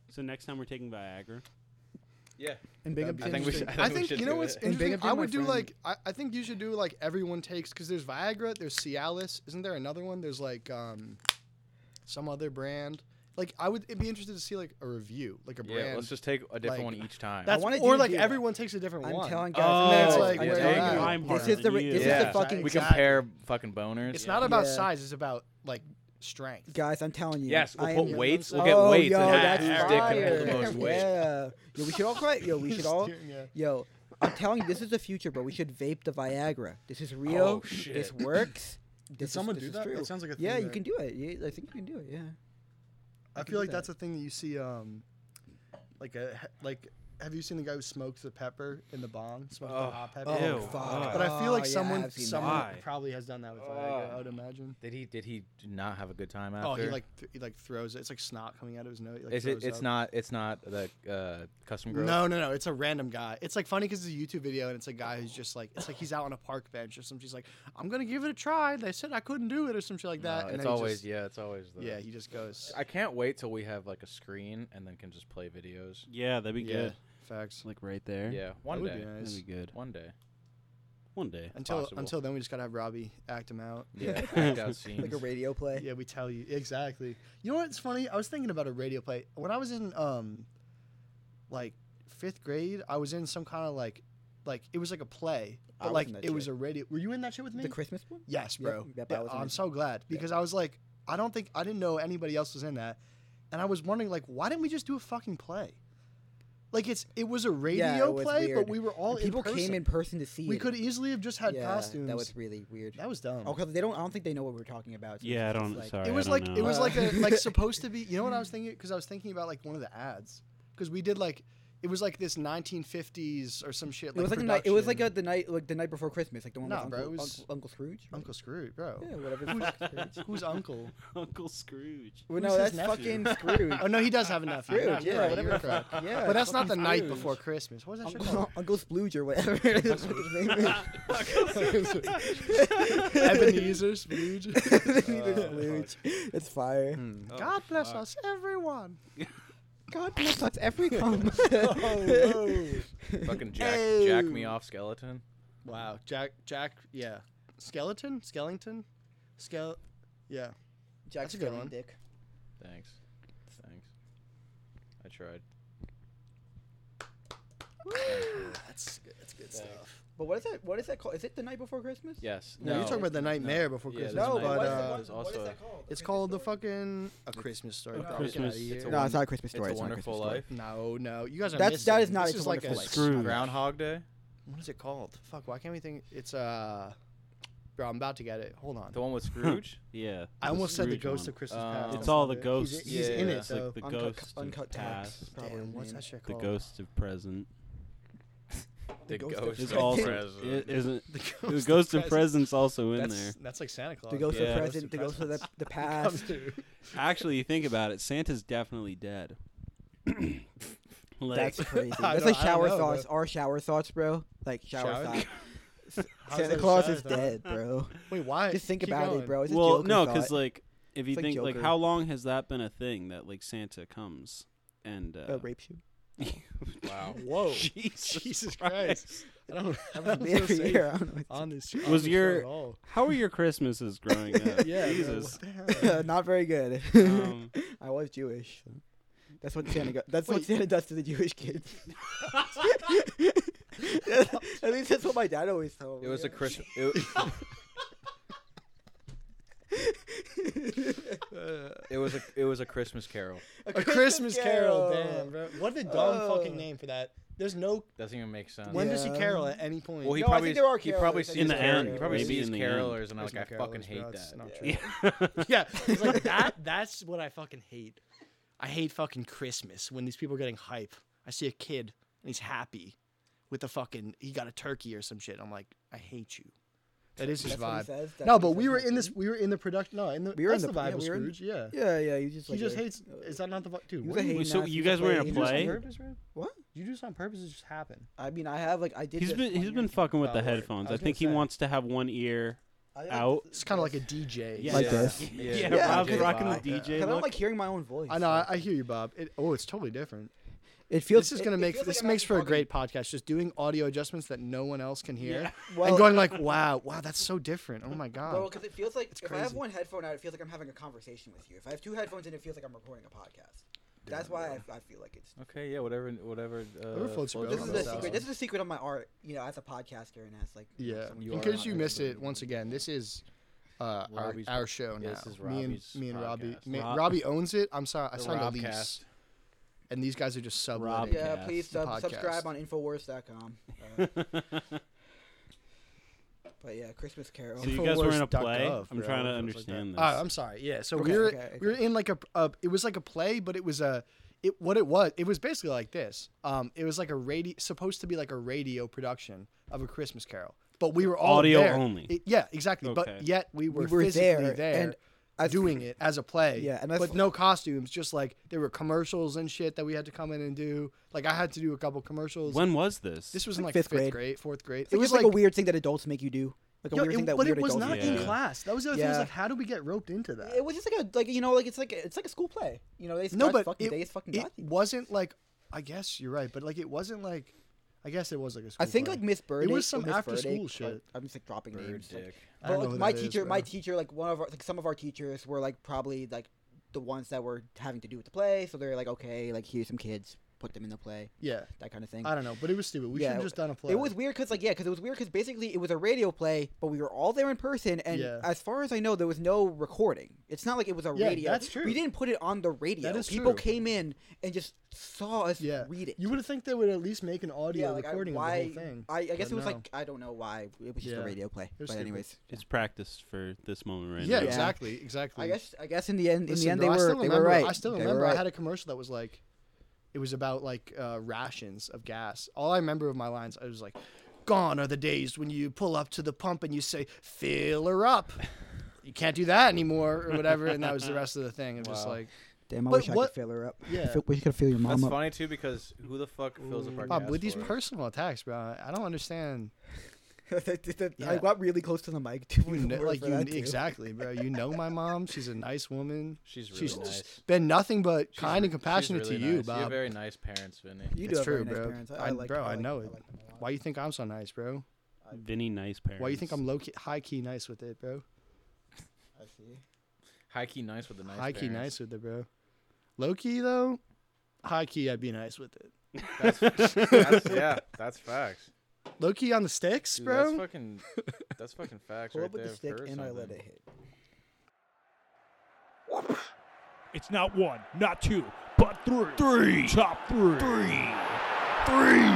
[SPEAKER 3] So next time we're taking Viagra.
[SPEAKER 4] Yeah.
[SPEAKER 1] And big up.
[SPEAKER 4] I think we should. I think,
[SPEAKER 2] I
[SPEAKER 4] we
[SPEAKER 2] think
[SPEAKER 4] should
[SPEAKER 2] you know
[SPEAKER 4] do
[SPEAKER 2] what's
[SPEAKER 4] it.
[SPEAKER 1] And big
[SPEAKER 2] interesting.
[SPEAKER 1] up to
[SPEAKER 2] I
[SPEAKER 1] my
[SPEAKER 2] would do
[SPEAKER 1] friend.
[SPEAKER 2] like I, I think you should do like everyone takes because there's Viagra, there's Cialis, isn't there another one? There's like um, some other brand. Like I would it'd be interested to see like a review, like a brand.
[SPEAKER 4] Yeah, let's just take a different
[SPEAKER 2] like-
[SPEAKER 4] one each time.
[SPEAKER 2] That's
[SPEAKER 1] wanna
[SPEAKER 2] or
[SPEAKER 1] do
[SPEAKER 2] like
[SPEAKER 1] that.
[SPEAKER 2] everyone takes a different
[SPEAKER 1] I'm
[SPEAKER 2] one.
[SPEAKER 1] telling guys,
[SPEAKER 3] Oh,
[SPEAKER 1] and that's
[SPEAKER 2] it's
[SPEAKER 1] like,
[SPEAKER 2] like,
[SPEAKER 1] we're
[SPEAKER 4] yeah.
[SPEAKER 1] not-
[SPEAKER 3] I'm
[SPEAKER 1] this
[SPEAKER 3] harder
[SPEAKER 1] is the
[SPEAKER 3] than
[SPEAKER 1] re-
[SPEAKER 3] you.
[SPEAKER 1] this is
[SPEAKER 4] Yeah.
[SPEAKER 1] the fucking
[SPEAKER 4] we
[SPEAKER 2] Exactly.
[SPEAKER 4] compare fucking boners.
[SPEAKER 2] it's not about
[SPEAKER 1] Yeah.
[SPEAKER 2] size; it's about like strength.
[SPEAKER 1] guys. I'm telling you.
[SPEAKER 4] Yes,
[SPEAKER 1] I
[SPEAKER 4] we'll
[SPEAKER 1] am
[SPEAKER 4] put
[SPEAKER 1] your-
[SPEAKER 4] weights. We'll
[SPEAKER 2] Oh,
[SPEAKER 4] get weights.
[SPEAKER 1] Yo,
[SPEAKER 4] and
[SPEAKER 1] that's
[SPEAKER 4] whose dick
[SPEAKER 1] fire.
[SPEAKER 4] can pull the most weight.
[SPEAKER 1] Yeah. Yo, we should all try. Yo, we should all.
[SPEAKER 2] Yeah.
[SPEAKER 1] Yo, I'm telling you, this is the future, bro. We should vape the Viagra. This is real.
[SPEAKER 4] Oh,
[SPEAKER 1] This
[SPEAKER 4] shit.
[SPEAKER 1] works. This
[SPEAKER 10] Did
[SPEAKER 1] is-
[SPEAKER 10] someone
[SPEAKER 1] this
[SPEAKER 10] do
[SPEAKER 1] is
[SPEAKER 10] that?
[SPEAKER 1] true.
[SPEAKER 10] That sounds like a thing
[SPEAKER 1] Yeah, you
[SPEAKER 10] that-
[SPEAKER 1] can do it. Yeah, I think you can do it. Yeah.
[SPEAKER 2] I
[SPEAKER 1] can
[SPEAKER 2] feel
[SPEAKER 1] do
[SPEAKER 2] like
[SPEAKER 1] that.
[SPEAKER 2] that's a thing that you see. Um, like a like, have you seen the guy who smokes the pepper in the bong? Smokes the
[SPEAKER 4] Ugh.
[SPEAKER 2] hot pepper.
[SPEAKER 1] Oh,
[SPEAKER 3] Ew.
[SPEAKER 1] fuck.
[SPEAKER 2] But I feel like
[SPEAKER 1] Oh, yeah,
[SPEAKER 2] someone
[SPEAKER 1] I've seen
[SPEAKER 2] someone
[SPEAKER 1] that.
[SPEAKER 3] Why?
[SPEAKER 2] probably has done that with Viagra.
[SPEAKER 4] Ugh.
[SPEAKER 2] I would imagine.
[SPEAKER 4] Did he? Did he not have a good time after?
[SPEAKER 2] Oh, he like th- he like throws it. It's like snot coming out of his nose. He, like,
[SPEAKER 4] Is
[SPEAKER 2] throws
[SPEAKER 4] it? It's
[SPEAKER 2] up.
[SPEAKER 4] not. It's not the uh, custom girl.
[SPEAKER 2] No, no, no. It's a random guy. It's like funny because it's a YouTube video and it's a guy who's just like it's like he's out on a park bench or something. She's like, I'm gonna give it a try. They said I couldn't do it or some shit like that.
[SPEAKER 4] No,
[SPEAKER 2] and
[SPEAKER 4] it's
[SPEAKER 2] then he
[SPEAKER 4] always
[SPEAKER 2] just-
[SPEAKER 4] yeah. It's always the.
[SPEAKER 2] yeah. He just goes.
[SPEAKER 4] I can't wait till we have like a screen and then can just play videos.
[SPEAKER 3] Yeah, that'd be
[SPEAKER 2] yeah.
[SPEAKER 3] good.
[SPEAKER 2] Facts.
[SPEAKER 3] Like right there.
[SPEAKER 4] Yeah, one
[SPEAKER 2] would
[SPEAKER 4] day.
[SPEAKER 2] be nice.
[SPEAKER 3] That'd be good.
[SPEAKER 4] One day.
[SPEAKER 3] One day.
[SPEAKER 2] Until
[SPEAKER 4] possible.
[SPEAKER 2] until then, we just gotta have Robbie act him out.
[SPEAKER 4] Yeah. act out scenes.
[SPEAKER 1] Like a radio play.
[SPEAKER 2] Yeah, we tell you exactly. You know what's funny? I was thinking about a radio play when I was in um, like fifth grade. I was in some kind of like, like it was like a play,
[SPEAKER 1] I
[SPEAKER 2] but
[SPEAKER 1] was
[SPEAKER 2] like
[SPEAKER 1] in that
[SPEAKER 2] it was
[SPEAKER 1] shit.
[SPEAKER 2] a radio. Were you in that shit with me?
[SPEAKER 1] The Christmas one?
[SPEAKER 2] yes,
[SPEAKER 1] Yep,
[SPEAKER 2] bro.
[SPEAKER 1] yep, I
[SPEAKER 2] yeah,
[SPEAKER 1] was in
[SPEAKER 2] I'm
[SPEAKER 1] it.
[SPEAKER 2] so glad because I was like, I don't think I didn't know anybody else was in that, and I was wondering like, why didn't we just do a fucking play? Like it's it was a radio
[SPEAKER 1] was
[SPEAKER 2] play,
[SPEAKER 1] weird.
[SPEAKER 2] but we were all
[SPEAKER 1] And people
[SPEAKER 2] in person.
[SPEAKER 1] came in person to see
[SPEAKER 2] We
[SPEAKER 1] it.
[SPEAKER 2] could easily have just had
[SPEAKER 1] yeah,
[SPEAKER 2] costumes.
[SPEAKER 1] That was really weird.
[SPEAKER 2] that was dumb.
[SPEAKER 1] Oh, 'cause they don't. I don't think they know what we're talking about. so
[SPEAKER 3] Yeah, I
[SPEAKER 1] it's just
[SPEAKER 3] don't.
[SPEAKER 1] Like,
[SPEAKER 3] sorry,
[SPEAKER 2] it was
[SPEAKER 3] I
[SPEAKER 2] like
[SPEAKER 3] don't
[SPEAKER 2] it
[SPEAKER 3] know.
[SPEAKER 2] was like a
[SPEAKER 1] Uh,
[SPEAKER 2] like supposed to be. You know what I was thinking? Because I was thinking about like one of the ads. Because we did like it was like this 1950s or some shit.
[SPEAKER 1] It was like a night, it was like a,
[SPEAKER 2] production.
[SPEAKER 1] the night like the night before Christmas, like the one
[SPEAKER 2] Nah,
[SPEAKER 1] with
[SPEAKER 2] bro,
[SPEAKER 1] Uncle,
[SPEAKER 2] it was-
[SPEAKER 1] Uncle, Uncle Scrooge. right?
[SPEAKER 2] Uncle Scrooge, bro.
[SPEAKER 1] Yeah, whatever. the fuck Scrooge.
[SPEAKER 2] Who's Uncle?
[SPEAKER 3] Uncle Scrooge.
[SPEAKER 1] Well,
[SPEAKER 2] Who's
[SPEAKER 1] no,
[SPEAKER 2] his
[SPEAKER 1] that's
[SPEAKER 2] nephew?
[SPEAKER 1] fucking Scrooge.
[SPEAKER 2] Oh no, he does have a nephew.
[SPEAKER 1] Scrooge, yeah,
[SPEAKER 2] Yeah, you're
[SPEAKER 1] whatever
[SPEAKER 2] you're
[SPEAKER 1] the
[SPEAKER 2] correct.
[SPEAKER 1] Yeah,
[SPEAKER 2] But that's not the
[SPEAKER 1] fucking
[SPEAKER 2] night
[SPEAKER 1] Scrooge.
[SPEAKER 2] before Christmas. What was that shit
[SPEAKER 1] Uncle,
[SPEAKER 2] called?
[SPEAKER 1] Uncle Splooge or whatever his name is.
[SPEAKER 2] Ebenezer Scrooge.
[SPEAKER 1] Ebenezer Scrooge. It's fire.
[SPEAKER 2] God bless us, everyone.
[SPEAKER 1] God bless us every come.
[SPEAKER 4] Fucking jack, jack me off skeleton.
[SPEAKER 2] Wow, Jack, Jack, yeah, skeleton, skellington, skele, yeah.
[SPEAKER 1] Jack's
[SPEAKER 2] a good one.
[SPEAKER 1] Dick.
[SPEAKER 4] Thanks. Thanks. I tried.
[SPEAKER 2] That's good. That's good stuff.
[SPEAKER 1] But what is that? What is that called? Is it the night before Christmas?
[SPEAKER 4] Yes.
[SPEAKER 2] No, you're talking about the nightmare before
[SPEAKER 4] Yeah,
[SPEAKER 2] Christmas.
[SPEAKER 4] that's
[SPEAKER 1] No,
[SPEAKER 4] It's
[SPEAKER 1] but
[SPEAKER 2] but
[SPEAKER 1] what
[SPEAKER 4] Nightmare.
[SPEAKER 1] is, that,
[SPEAKER 2] uh,
[SPEAKER 1] what- what
[SPEAKER 4] It's
[SPEAKER 1] is
[SPEAKER 4] also-
[SPEAKER 1] that called?
[SPEAKER 2] It's called the fucking a Christmas story. bro.
[SPEAKER 4] Christmas-
[SPEAKER 2] Get outta here.
[SPEAKER 4] it's a
[SPEAKER 1] No, it's not a Christmas
[SPEAKER 4] It's
[SPEAKER 1] story.
[SPEAKER 4] a
[SPEAKER 1] it's not
[SPEAKER 4] wonderful
[SPEAKER 1] Christmas story.
[SPEAKER 4] life.
[SPEAKER 2] no, no, you guys are.
[SPEAKER 1] That's- that
[SPEAKER 2] missing.
[SPEAKER 1] is not
[SPEAKER 2] This
[SPEAKER 1] It's a
[SPEAKER 2] is like a
[SPEAKER 1] Wonderful Life.
[SPEAKER 3] Scrooge.
[SPEAKER 4] Groundhog Day.
[SPEAKER 2] What is it called? Fuck. Why can't we think? It's uh, bro. I'm about to get it. Hold on.
[SPEAKER 4] The one with Scrooge.
[SPEAKER 3] Yeah.
[SPEAKER 2] I almost said the
[SPEAKER 3] Scrooge
[SPEAKER 2] ghost
[SPEAKER 3] one.
[SPEAKER 2] of Christmas
[SPEAKER 4] Uh,
[SPEAKER 2] Past.
[SPEAKER 4] It's
[SPEAKER 3] It's all the
[SPEAKER 2] He's-
[SPEAKER 3] ghosts.
[SPEAKER 2] He's
[SPEAKER 4] Yeah.
[SPEAKER 2] in it
[SPEAKER 4] It's
[SPEAKER 1] It's
[SPEAKER 2] though.
[SPEAKER 3] like the
[SPEAKER 1] uncut,
[SPEAKER 3] ghost of
[SPEAKER 1] uncut
[SPEAKER 3] past,
[SPEAKER 1] tax.
[SPEAKER 3] the
[SPEAKER 1] is probably
[SPEAKER 2] Damn,
[SPEAKER 1] the
[SPEAKER 2] what's
[SPEAKER 1] name.
[SPEAKER 2] that shit
[SPEAKER 3] The
[SPEAKER 2] called?
[SPEAKER 3] ghost of present.
[SPEAKER 4] the
[SPEAKER 1] ghost of
[SPEAKER 4] ghost
[SPEAKER 1] Christmas.
[SPEAKER 4] of
[SPEAKER 3] Is also
[SPEAKER 4] present.
[SPEAKER 3] i- isn't
[SPEAKER 2] The
[SPEAKER 3] the
[SPEAKER 2] ghost.
[SPEAKER 3] ghost of
[SPEAKER 2] present.
[SPEAKER 3] present's also in
[SPEAKER 2] That's,
[SPEAKER 3] there?
[SPEAKER 2] that's like Santa Claus.
[SPEAKER 1] The ghost
[SPEAKER 3] Yeah.
[SPEAKER 1] of present. The ghost of the, the past.
[SPEAKER 3] Actually, you think about it, Santa's definitely dead. like,
[SPEAKER 1] That's crazy.
[SPEAKER 2] I
[SPEAKER 1] That's
[SPEAKER 2] don't-
[SPEAKER 1] like
[SPEAKER 2] I don't
[SPEAKER 1] shower
[SPEAKER 2] know,
[SPEAKER 1] thoughts. Our shower thoughts, bro. Like shower,
[SPEAKER 2] Shower-
[SPEAKER 1] thoughts.
[SPEAKER 2] How's
[SPEAKER 1] Santa
[SPEAKER 2] that
[SPEAKER 1] Claus
[SPEAKER 2] shower
[SPEAKER 1] is
[SPEAKER 2] thought?
[SPEAKER 1] dead, bro.
[SPEAKER 2] Wait, why?
[SPEAKER 1] Just think
[SPEAKER 2] Keep
[SPEAKER 1] about
[SPEAKER 2] going.
[SPEAKER 1] it, bro. It's a
[SPEAKER 3] well,
[SPEAKER 1] Joker
[SPEAKER 3] no,
[SPEAKER 1] thought.
[SPEAKER 3] because like if you
[SPEAKER 1] like
[SPEAKER 3] think like
[SPEAKER 1] Joker.
[SPEAKER 3] how long has that been a thing that like Santa comes and uh,
[SPEAKER 1] Uh, rapes you.
[SPEAKER 4] Wow.
[SPEAKER 2] Whoa.
[SPEAKER 3] Jesus,
[SPEAKER 2] Jesus
[SPEAKER 3] Christ.
[SPEAKER 2] Christ. I don't I wasn't so
[SPEAKER 1] Every
[SPEAKER 2] safe
[SPEAKER 1] year, I don't know.
[SPEAKER 2] on this
[SPEAKER 3] Was
[SPEAKER 2] on the
[SPEAKER 3] your-
[SPEAKER 2] show at all.
[SPEAKER 3] How were your Christmases growing up?
[SPEAKER 2] Yeah, no,
[SPEAKER 3] Jesus.
[SPEAKER 2] what the hell?
[SPEAKER 1] Not very good.
[SPEAKER 3] Um,
[SPEAKER 1] I was Jewish. So. That's what Santa. Go- that's what Santa does to the Jewish kids. At least that's what my dad always told me.
[SPEAKER 4] It was a Christmas. It, it was a it was a Christmas Carol.
[SPEAKER 2] A Christmas Carol, damn, bro. What a dumb
[SPEAKER 1] Oh.
[SPEAKER 2] fucking name for that. There's no.
[SPEAKER 4] Doesn't even make sense.
[SPEAKER 2] When does he
[SPEAKER 1] Yeah.
[SPEAKER 2] carol at any point?
[SPEAKER 4] Well, he
[SPEAKER 1] No, I
[SPEAKER 4] probably
[SPEAKER 1] think there are
[SPEAKER 4] he probably
[SPEAKER 1] carolers. I
[SPEAKER 4] sees
[SPEAKER 1] think
[SPEAKER 3] there are
[SPEAKER 4] carol- he
[SPEAKER 3] carolers.
[SPEAKER 4] probably
[SPEAKER 3] Maybe
[SPEAKER 4] sees
[SPEAKER 3] in the end.
[SPEAKER 4] carolers and I'm like I fucking hate that.
[SPEAKER 2] Yeah.
[SPEAKER 3] yeah.
[SPEAKER 2] yeah, it's like that. That's what I fucking hate. I hate fucking Christmas when these people are getting hype. I see a kid and he's happy with a fucking he got a turkey or some shit. I'm like, I hate you. That is his
[SPEAKER 1] That's what he
[SPEAKER 2] vibe.
[SPEAKER 1] says? That's
[SPEAKER 2] no,
[SPEAKER 1] what
[SPEAKER 2] but
[SPEAKER 1] he
[SPEAKER 2] we
[SPEAKER 1] says
[SPEAKER 2] were
[SPEAKER 1] in the
[SPEAKER 2] in this. We were in the production. No, in the.
[SPEAKER 1] We were in
[SPEAKER 2] that's
[SPEAKER 1] the- yeah,
[SPEAKER 2] vibe with
[SPEAKER 1] we were in-
[SPEAKER 2] Scrooge. Yeah.
[SPEAKER 1] Yeah, yeah. You just
[SPEAKER 2] He
[SPEAKER 1] like
[SPEAKER 2] just
[SPEAKER 1] a-
[SPEAKER 2] hates. Is that not the vibe, dude?
[SPEAKER 1] He was
[SPEAKER 2] What
[SPEAKER 1] a
[SPEAKER 2] did you-
[SPEAKER 1] hating
[SPEAKER 3] So
[SPEAKER 1] ass,
[SPEAKER 3] you
[SPEAKER 1] he was
[SPEAKER 3] guys were in a
[SPEAKER 1] hating
[SPEAKER 2] did you do this
[SPEAKER 1] ass.
[SPEAKER 3] play?
[SPEAKER 2] on purpose, man?
[SPEAKER 1] What?
[SPEAKER 2] Did you do this on purpose? It just happened.
[SPEAKER 1] I mean, I have like I did.
[SPEAKER 3] He's
[SPEAKER 1] this
[SPEAKER 3] been
[SPEAKER 1] one
[SPEAKER 3] he's
[SPEAKER 1] year.
[SPEAKER 3] been fucking with
[SPEAKER 2] Oh,
[SPEAKER 3] the
[SPEAKER 2] word. I
[SPEAKER 3] headphones. I,
[SPEAKER 2] was
[SPEAKER 3] think he
[SPEAKER 2] gonna say.
[SPEAKER 3] wants to have one ear
[SPEAKER 1] I like
[SPEAKER 3] out.
[SPEAKER 2] It's kind of like a DJ.
[SPEAKER 3] Yeah.
[SPEAKER 1] Like this.
[SPEAKER 4] Yeah,
[SPEAKER 3] Yeah,
[SPEAKER 1] Yeah,
[SPEAKER 3] Rob's
[SPEAKER 1] okay.
[SPEAKER 3] rocking the
[SPEAKER 1] Like
[SPEAKER 3] DJ.
[SPEAKER 1] Cause I
[SPEAKER 3] look.
[SPEAKER 1] don't like hearing my own voice.
[SPEAKER 2] I know. I, I hear you, Bob. It, oh, it's totally different.
[SPEAKER 1] It feels.
[SPEAKER 2] this is
[SPEAKER 1] it-
[SPEAKER 2] gonna
[SPEAKER 1] it
[SPEAKER 2] make
[SPEAKER 1] feels
[SPEAKER 2] this
[SPEAKER 1] like I'm
[SPEAKER 2] makes for a
[SPEAKER 1] actually
[SPEAKER 2] great podcast. Just doing audio adjustments that no one else can hear,
[SPEAKER 1] Well-
[SPEAKER 2] and going like, "Wow, wow, that's so different. Oh my
[SPEAKER 1] talking- Bro,
[SPEAKER 2] god."
[SPEAKER 1] because it feels like if I have
[SPEAKER 2] crazy.
[SPEAKER 1] one headphone out, it feels like I'm having a conversation with you. If I have two headphones in, it feels like I'm recording a podcast. That's why I, I feel like it's.
[SPEAKER 4] Okay, yeah, whatever, whatever. Uh,
[SPEAKER 2] Whatever floats your
[SPEAKER 1] This is
[SPEAKER 2] boat.
[SPEAKER 1] the
[SPEAKER 2] Yeah.
[SPEAKER 1] secret. This is the secret of my art. You know, as a podcaster and as like. you know,
[SPEAKER 2] Yeah.
[SPEAKER 1] someone
[SPEAKER 2] In
[SPEAKER 1] who's
[SPEAKER 2] case you
[SPEAKER 1] not-
[SPEAKER 2] missed it, once again, this is uh, our,
[SPEAKER 4] Robbie's-
[SPEAKER 2] our show now.
[SPEAKER 4] yeah, this is
[SPEAKER 2] me and
[SPEAKER 4] Robbie's
[SPEAKER 2] me and Robbie.
[SPEAKER 4] podcast.
[SPEAKER 2] Me,
[SPEAKER 3] Rob-
[SPEAKER 2] Robbie owns it. I'm sorry, I signed a lease,
[SPEAKER 4] Robcast.
[SPEAKER 2] and these guys are just
[SPEAKER 3] Rob-
[SPEAKER 2] subletting.
[SPEAKER 1] Yeah,
[SPEAKER 3] podcast,
[SPEAKER 1] please
[SPEAKER 2] the
[SPEAKER 1] sub- subscribe
[SPEAKER 2] podcast.
[SPEAKER 1] on Infowars.com. Uh, but yeah, Christmas Carol.
[SPEAKER 3] So you guys were in a
[SPEAKER 2] Infowars.gov,
[SPEAKER 3] play. I'm
[SPEAKER 2] bro,
[SPEAKER 3] trying to
[SPEAKER 2] feels like that.
[SPEAKER 3] understand
[SPEAKER 2] Uh,
[SPEAKER 3] this.
[SPEAKER 2] I'm sorry. Yeah. So
[SPEAKER 1] Okay,
[SPEAKER 2] we were
[SPEAKER 1] okay,
[SPEAKER 2] we were in like a, a it was like a play, but it was a it what it was it was basically like this. Um, it was like a radio supposed to be like a radio production of a Christmas Carol, but we were all
[SPEAKER 3] Audio
[SPEAKER 2] there.
[SPEAKER 3] only.
[SPEAKER 2] It- yeah, exactly.
[SPEAKER 3] Okay.
[SPEAKER 2] But yet we were,
[SPEAKER 1] We were
[SPEAKER 2] physically
[SPEAKER 1] there,
[SPEAKER 2] there,
[SPEAKER 1] and I-
[SPEAKER 2] doing it as a play.
[SPEAKER 1] Yeah, and I
[SPEAKER 2] but
[SPEAKER 1] thought-
[SPEAKER 2] no costumes. Just like there were commercials and shit that we had to come in and do. Like I had to do a couple commercials.
[SPEAKER 3] When was this?
[SPEAKER 2] this was in
[SPEAKER 1] Like
[SPEAKER 2] like
[SPEAKER 1] fifth
[SPEAKER 2] fifth,
[SPEAKER 1] grade.
[SPEAKER 2] grade. fourth grade.
[SPEAKER 1] it was like, a weird thing that adults make you do. Like a
[SPEAKER 2] Yo,
[SPEAKER 1] weird
[SPEAKER 2] it-
[SPEAKER 1] thing that
[SPEAKER 2] but
[SPEAKER 1] weird
[SPEAKER 2] it was
[SPEAKER 1] adults
[SPEAKER 2] not
[SPEAKER 1] make
[SPEAKER 3] you
[SPEAKER 2] in
[SPEAKER 3] do.
[SPEAKER 2] class. That was the other thing. It was
[SPEAKER 1] Yeah.
[SPEAKER 2] like, how do we get roped into that?
[SPEAKER 1] It was just like a like you know like it's like a, it's like a school play. You know they
[SPEAKER 2] no,
[SPEAKER 1] start
[SPEAKER 2] but
[SPEAKER 1] fucking
[SPEAKER 2] it,
[SPEAKER 1] days fucking
[SPEAKER 2] it
[SPEAKER 1] got you.
[SPEAKER 2] wasn't like. I guess you're right, but like it wasn't like. I guess it was like a school.
[SPEAKER 1] I think
[SPEAKER 2] play.
[SPEAKER 1] like Miss Bird.
[SPEAKER 2] was some
[SPEAKER 1] Miss
[SPEAKER 2] after school
[SPEAKER 1] Burdick,
[SPEAKER 2] shit.
[SPEAKER 1] like, I'm just like dropping names. like-
[SPEAKER 4] dick.
[SPEAKER 2] I don't
[SPEAKER 1] but,
[SPEAKER 2] know
[SPEAKER 1] like,
[SPEAKER 2] who
[SPEAKER 1] my
[SPEAKER 2] that is,
[SPEAKER 1] teacher, my
[SPEAKER 2] bro.
[SPEAKER 1] teacher, like one of our, like some of our teachers were like probably like the ones that were having to do with the play. So they're like, okay, like here's some kids, put them in the play,
[SPEAKER 2] Yeah,
[SPEAKER 1] that kind of thing.
[SPEAKER 2] I don't know, but it was stupid. We
[SPEAKER 1] Yeah,
[SPEAKER 2] should
[SPEAKER 1] it-
[SPEAKER 2] have just done a play.
[SPEAKER 1] It was weird because, like, yeah, because it was weird because basically it was a radio play, but we were all there in person, and
[SPEAKER 2] Yeah.
[SPEAKER 1] as far as I know, there was no recording. It's not like it was a
[SPEAKER 2] Yeah,
[SPEAKER 1] radio.
[SPEAKER 2] that's true.
[SPEAKER 1] We didn't put it on the radio.
[SPEAKER 2] is
[SPEAKER 1] People
[SPEAKER 2] true.
[SPEAKER 1] came in and just saw us
[SPEAKER 2] yeah.
[SPEAKER 1] read it.
[SPEAKER 2] You would have think they would at least make an audio
[SPEAKER 1] yeah, like,
[SPEAKER 2] recording
[SPEAKER 1] I, why,
[SPEAKER 2] of the whole thing.
[SPEAKER 1] I, I guess
[SPEAKER 2] but
[SPEAKER 1] it was
[SPEAKER 2] no.
[SPEAKER 1] like I don't know why it was just a
[SPEAKER 2] Yeah.
[SPEAKER 1] radio play. But
[SPEAKER 2] was stupid.
[SPEAKER 1] anyways,
[SPEAKER 3] It's practice for this moment right
[SPEAKER 2] yeah,
[SPEAKER 3] now.
[SPEAKER 1] Yeah.
[SPEAKER 2] exactly, exactly.
[SPEAKER 1] I guess I guess in the end, in
[SPEAKER 2] Listen,
[SPEAKER 1] the end, they
[SPEAKER 2] bro, I
[SPEAKER 1] were
[SPEAKER 2] still
[SPEAKER 1] they were
[SPEAKER 2] remember-
[SPEAKER 1] right.
[SPEAKER 2] I still
[SPEAKER 1] They were
[SPEAKER 2] remember I
[SPEAKER 1] right.
[SPEAKER 2] had a commercial that was like, it was about like uh, rations of gas. All I remember of my lines, I was like, "Gone are the days when you pull up to the pump and you say, fill her up." You can't do that anymore, or whatever. And that was the rest of the thing. It was just
[SPEAKER 4] Wow.
[SPEAKER 2] like,
[SPEAKER 1] Damn, I
[SPEAKER 2] But
[SPEAKER 1] wish I
[SPEAKER 2] what-
[SPEAKER 1] could fill her up.
[SPEAKER 2] yeah.
[SPEAKER 1] Feel- wish I could fill your mom
[SPEAKER 4] That's
[SPEAKER 1] up.
[SPEAKER 4] funny too because who the fuck fills up our
[SPEAKER 2] Bob,
[SPEAKER 4] gas
[SPEAKER 2] with these
[SPEAKER 4] for us?
[SPEAKER 2] personal attacks, bro, I don't understand.
[SPEAKER 1] I
[SPEAKER 2] Yeah.
[SPEAKER 1] got really close to the mic too.
[SPEAKER 2] You know,
[SPEAKER 1] before
[SPEAKER 2] like
[SPEAKER 1] for
[SPEAKER 2] you,
[SPEAKER 1] that, too.
[SPEAKER 2] exactly, bro. You know my mom. She's a nice woman.
[SPEAKER 4] She's really
[SPEAKER 2] She's
[SPEAKER 4] nice.
[SPEAKER 2] just been nothing but
[SPEAKER 4] She's
[SPEAKER 2] kind
[SPEAKER 4] re-
[SPEAKER 2] and compassionate
[SPEAKER 4] she's really
[SPEAKER 2] to you,
[SPEAKER 4] nice.
[SPEAKER 2] Bob.
[SPEAKER 4] You have very nice parents, Vinny.
[SPEAKER 1] You do have
[SPEAKER 2] it's
[SPEAKER 1] very
[SPEAKER 2] true,
[SPEAKER 1] nice
[SPEAKER 2] bro.
[SPEAKER 1] parents. I,
[SPEAKER 2] I,
[SPEAKER 1] like
[SPEAKER 2] bro,
[SPEAKER 1] I,
[SPEAKER 2] I
[SPEAKER 1] like-
[SPEAKER 2] know it.
[SPEAKER 1] like them a lot.
[SPEAKER 2] Why you think I'm so nice, bro?
[SPEAKER 3] Vinny, nice parents.
[SPEAKER 2] Why you think I'm low key, high key nice with it, bro?
[SPEAKER 1] I see.
[SPEAKER 4] High key nice with the nice.
[SPEAKER 2] high key nice
[SPEAKER 4] parents.
[SPEAKER 2] with it, bro. Low key though, high key I'd be nice with it.
[SPEAKER 4] That's, yeah, that's facts.
[SPEAKER 2] Low key on the sticks,
[SPEAKER 4] Dude,
[SPEAKER 2] bro.
[SPEAKER 4] that's fucking. That's fucking facts
[SPEAKER 1] Pull
[SPEAKER 4] right
[SPEAKER 1] up with
[SPEAKER 4] there.
[SPEAKER 1] the stick
[SPEAKER 4] for
[SPEAKER 1] and I let
[SPEAKER 4] something.
[SPEAKER 1] it hit.
[SPEAKER 7] It's not one, not two, but three. Three. Top three. Three. Three.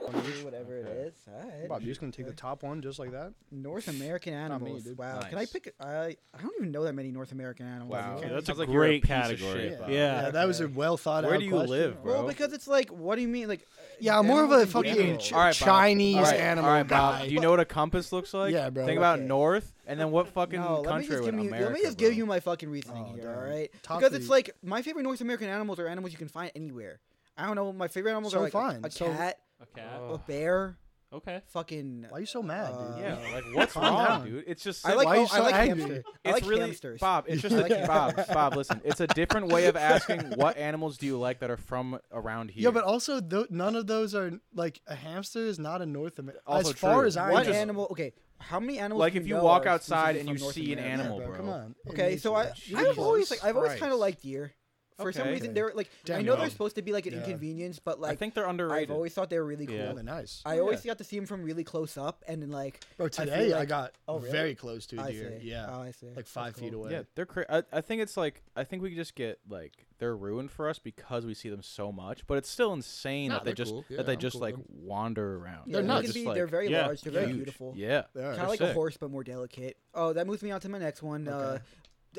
[SPEAKER 1] Or do whatever it is. All
[SPEAKER 2] Bob,
[SPEAKER 1] right.
[SPEAKER 2] you're just gonna take the top one just like that?
[SPEAKER 1] North American
[SPEAKER 2] me,
[SPEAKER 1] animals.
[SPEAKER 2] dude.
[SPEAKER 1] wow. Can I
[SPEAKER 4] Nice.
[SPEAKER 1] pick? I I don't even know that many North American animals.
[SPEAKER 4] Wow.
[SPEAKER 1] Okay.
[SPEAKER 4] Yeah,
[SPEAKER 3] that's a
[SPEAKER 4] Sounds like you're a
[SPEAKER 7] great
[SPEAKER 4] piece of
[SPEAKER 7] category.
[SPEAKER 4] shit, Bob.
[SPEAKER 7] yeah.
[SPEAKER 2] that was a well thought out.
[SPEAKER 4] Where do you
[SPEAKER 2] question.
[SPEAKER 4] live, bro?
[SPEAKER 1] well, because it's like, what do you mean? Like, uh,
[SPEAKER 2] Yeah, I'm more of a
[SPEAKER 1] animals in
[SPEAKER 2] fucking
[SPEAKER 1] general.
[SPEAKER 2] ch-
[SPEAKER 4] All right, Bob.
[SPEAKER 2] Chinese
[SPEAKER 4] All right,
[SPEAKER 2] animal
[SPEAKER 4] all right, Bob.
[SPEAKER 2] guy.
[SPEAKER 4] Do you know what a compass looks like?
[SPEAKER 2] Yeah, bro.
[SPEAKER 4] Think about
[SPEAKER 1] Okay.
[SPEAKER 4] north, and then what fucking
[SPEAKER 1] No, let me
[SPEAKER 4] country
[SPEAKER 1] just
[SPEAKER 4] would
[SPEAKER 1] give you.
[SPEAKER 4] America?
[SPEAKER 1] Let me just give
[SPEAKER 4] bro?
[SPEAKER 1] you my fucking reasoning
[SPEAKER 2] Oh,
[SPEAKER 1] here,
[SPEAKER 2] damn.
[SPEAKER 1] all right?
[SPEAKER 2] Top
[SPEAKER 1] because it's
[SPEAKER 2] three.
[SPEAKER 1] like my favorite North American animals are animals you can find anywhere. I don't know. My favorite animals
[SPEAKER 2] So
[SPEAKER 1] are like a-
[SPEAKER 2] fine.
[SPEAKER 1] a
[SPEAKER 2] So-
[SPEAKER 1] cat,
[SPEAKER 3] Okay.
[SPEAKER 1] a bear,
[SPEAKER 3] Okay.
[SPEAKER 1] Fucking.
[SPEAKER 2] Why are you so mad, dude?
[SPEAKER 1] Uh,
[SPEAKER 4] Yeah, like what's
[SPEAKER 2] Calm
[SPEAKER 4] wrong,
[SPEAKER 2] down.
[SPEAKER 4] dude? It's just
[SPEAKER 1] I like.
[SPEAKER 2] Why are
[SPEAKER 1] oh,
[SPEAKER 2] you
[SPEAKER 1] I
[SPEAKER 2] so
[SPEAKER 1] like
[SPEAKER 2] angry?
[SPEAKER 1] hamster. I
[SPEAKER 4] it's
[SPEAKER 1] like
[SPEAKER 4] really
[SPEAKER 1] hamsters.
[SPEAKER 4] Bob. It's just
[SPEAKER 1] I
[SPEAKER 4] a,
[SPEAKER 1] like
[SPEAKER 4] Bob. Bob, listen. It's a different way of asking what animals do you like that are from around here.
[SPEAKER 2] Yeah, but also tho- none of those are like a hamster is not a North American.
[SPEAKER 4] Also
[SPEAKER 2] As far
[SPEAKER 4] true.
[SPEAKER 2] as I
[SPEAKER 1] What
[SPEAKER 2] know,
[SPEAKER 1] animal? Okay, how many animals?
[SPEAKER 4] like
[SPEAKER 1] do
[SPEAKER 4] if you
[SPEAKER 1] know
[SPEAKER 4] walk
[SPEAKER 1] are exclusively
[SPEAKER 4] outside and
[SPEAKER 1] from
[SPEAKER 4] you
[SPEAKER 1] North
[SPEAKER 4] see an
[SPEAKER 1] America?
[SPEAKER 4] animal,
[SPEAKER 2] bro,
[SPEAKER 4] bro.
[SPEAKER 2] come on. In
[SPEAKER 1] Okay, so I,
[SPEAKER 2] nature.
[SPEAKER 1] I've always like
[SPEAKER 4] Jesus
[SPEAKER 1] I've always kind of
[SPEAKER 4] Christ.
[SPEAKER 1] liked deer. For some
[SPEAKER 4] Okay.
[SPEAKER 1] reason, they're like I
[SPEAKER 2] Damn,
[SPEAKER 1] know
[SPEAKER 2] yeah.
[SPEAKER 1] they're supposed to be like an
[SPEAKER 2] Yeah.
[SPEAKER 1] inconvenience, but like
[SPEAKER 4] I think they're underrated.
[SPEAKER 1] I've always thought they were really cool.
[SPEAKER 4] Yeah.
[SPEAKER 2] Yeah, they're nice.
[SPEAKER 1] I always got to see them from really close up, and then like
[SPEAKER 2] Bro,
[SPEAKER 1] feel
[SPEAKER 2] today I,
[SPEAKER 1] like-
[SPEAKER 2] got
[SPEAKER 1] Oh, really?
[SPEAKER 2] very close to a
[SPEAKER 1] I
[SPEAKER 2] deer.
[SPEAKER 1] see.
[SPEAKER 2] Yeah,
[SPEAKER 1] Oh, I see.
[SPEAKER 2] like
[SPEAKER 1] That's
[SPEAKER 2] five feet
[SPEAKER 1] cool.
[SPEAKER 2] away.
[SPEAKER 4] yeah, they're. Cra- I, I think it's like I think we just get like they're ruined for us because we see them so much, but it's still insane
[SPEAKER 8] Nah,
[SPEAKER 4] that they
[SPEAKER 8] they're
[SPEAKER 4] just
[SPEAKER 8] cool. Yeah,
[SPEAKER 4] that they
[SPEAKER 8] I'm
[SPEAKER 4] just
[SPEAKER 8] cool
[SPEAKER 4] like
[SPEAKER 8] with
[SPEAKER 4] wander around.
[SPEAKER 1] Yeah,
[SPEAKER 2] They're
[SPEAKER 1] they can
[SPEAKER 2] nuts.
[SPEAKER 1] be-
[SPEAKER 4] just, like,
[SPEAKER 1] they're very
[SPEAKER 3] yeah,
[SPEAKER 1] large. They're very
[SPEAKER 4] huge.
[SPEAKER 1] beautiful.
[SPEAKER 4] Yeah,
[SPEAKER 2] They are.
[SPEAKER 1] Kind of
[SPEAKER 4] They're
[SPEAKER 1] like a
[SPEAKER 4] sick.
[SPEAKER 1] horse, but more delicate. Oh, that moves me on to my next one. Uh,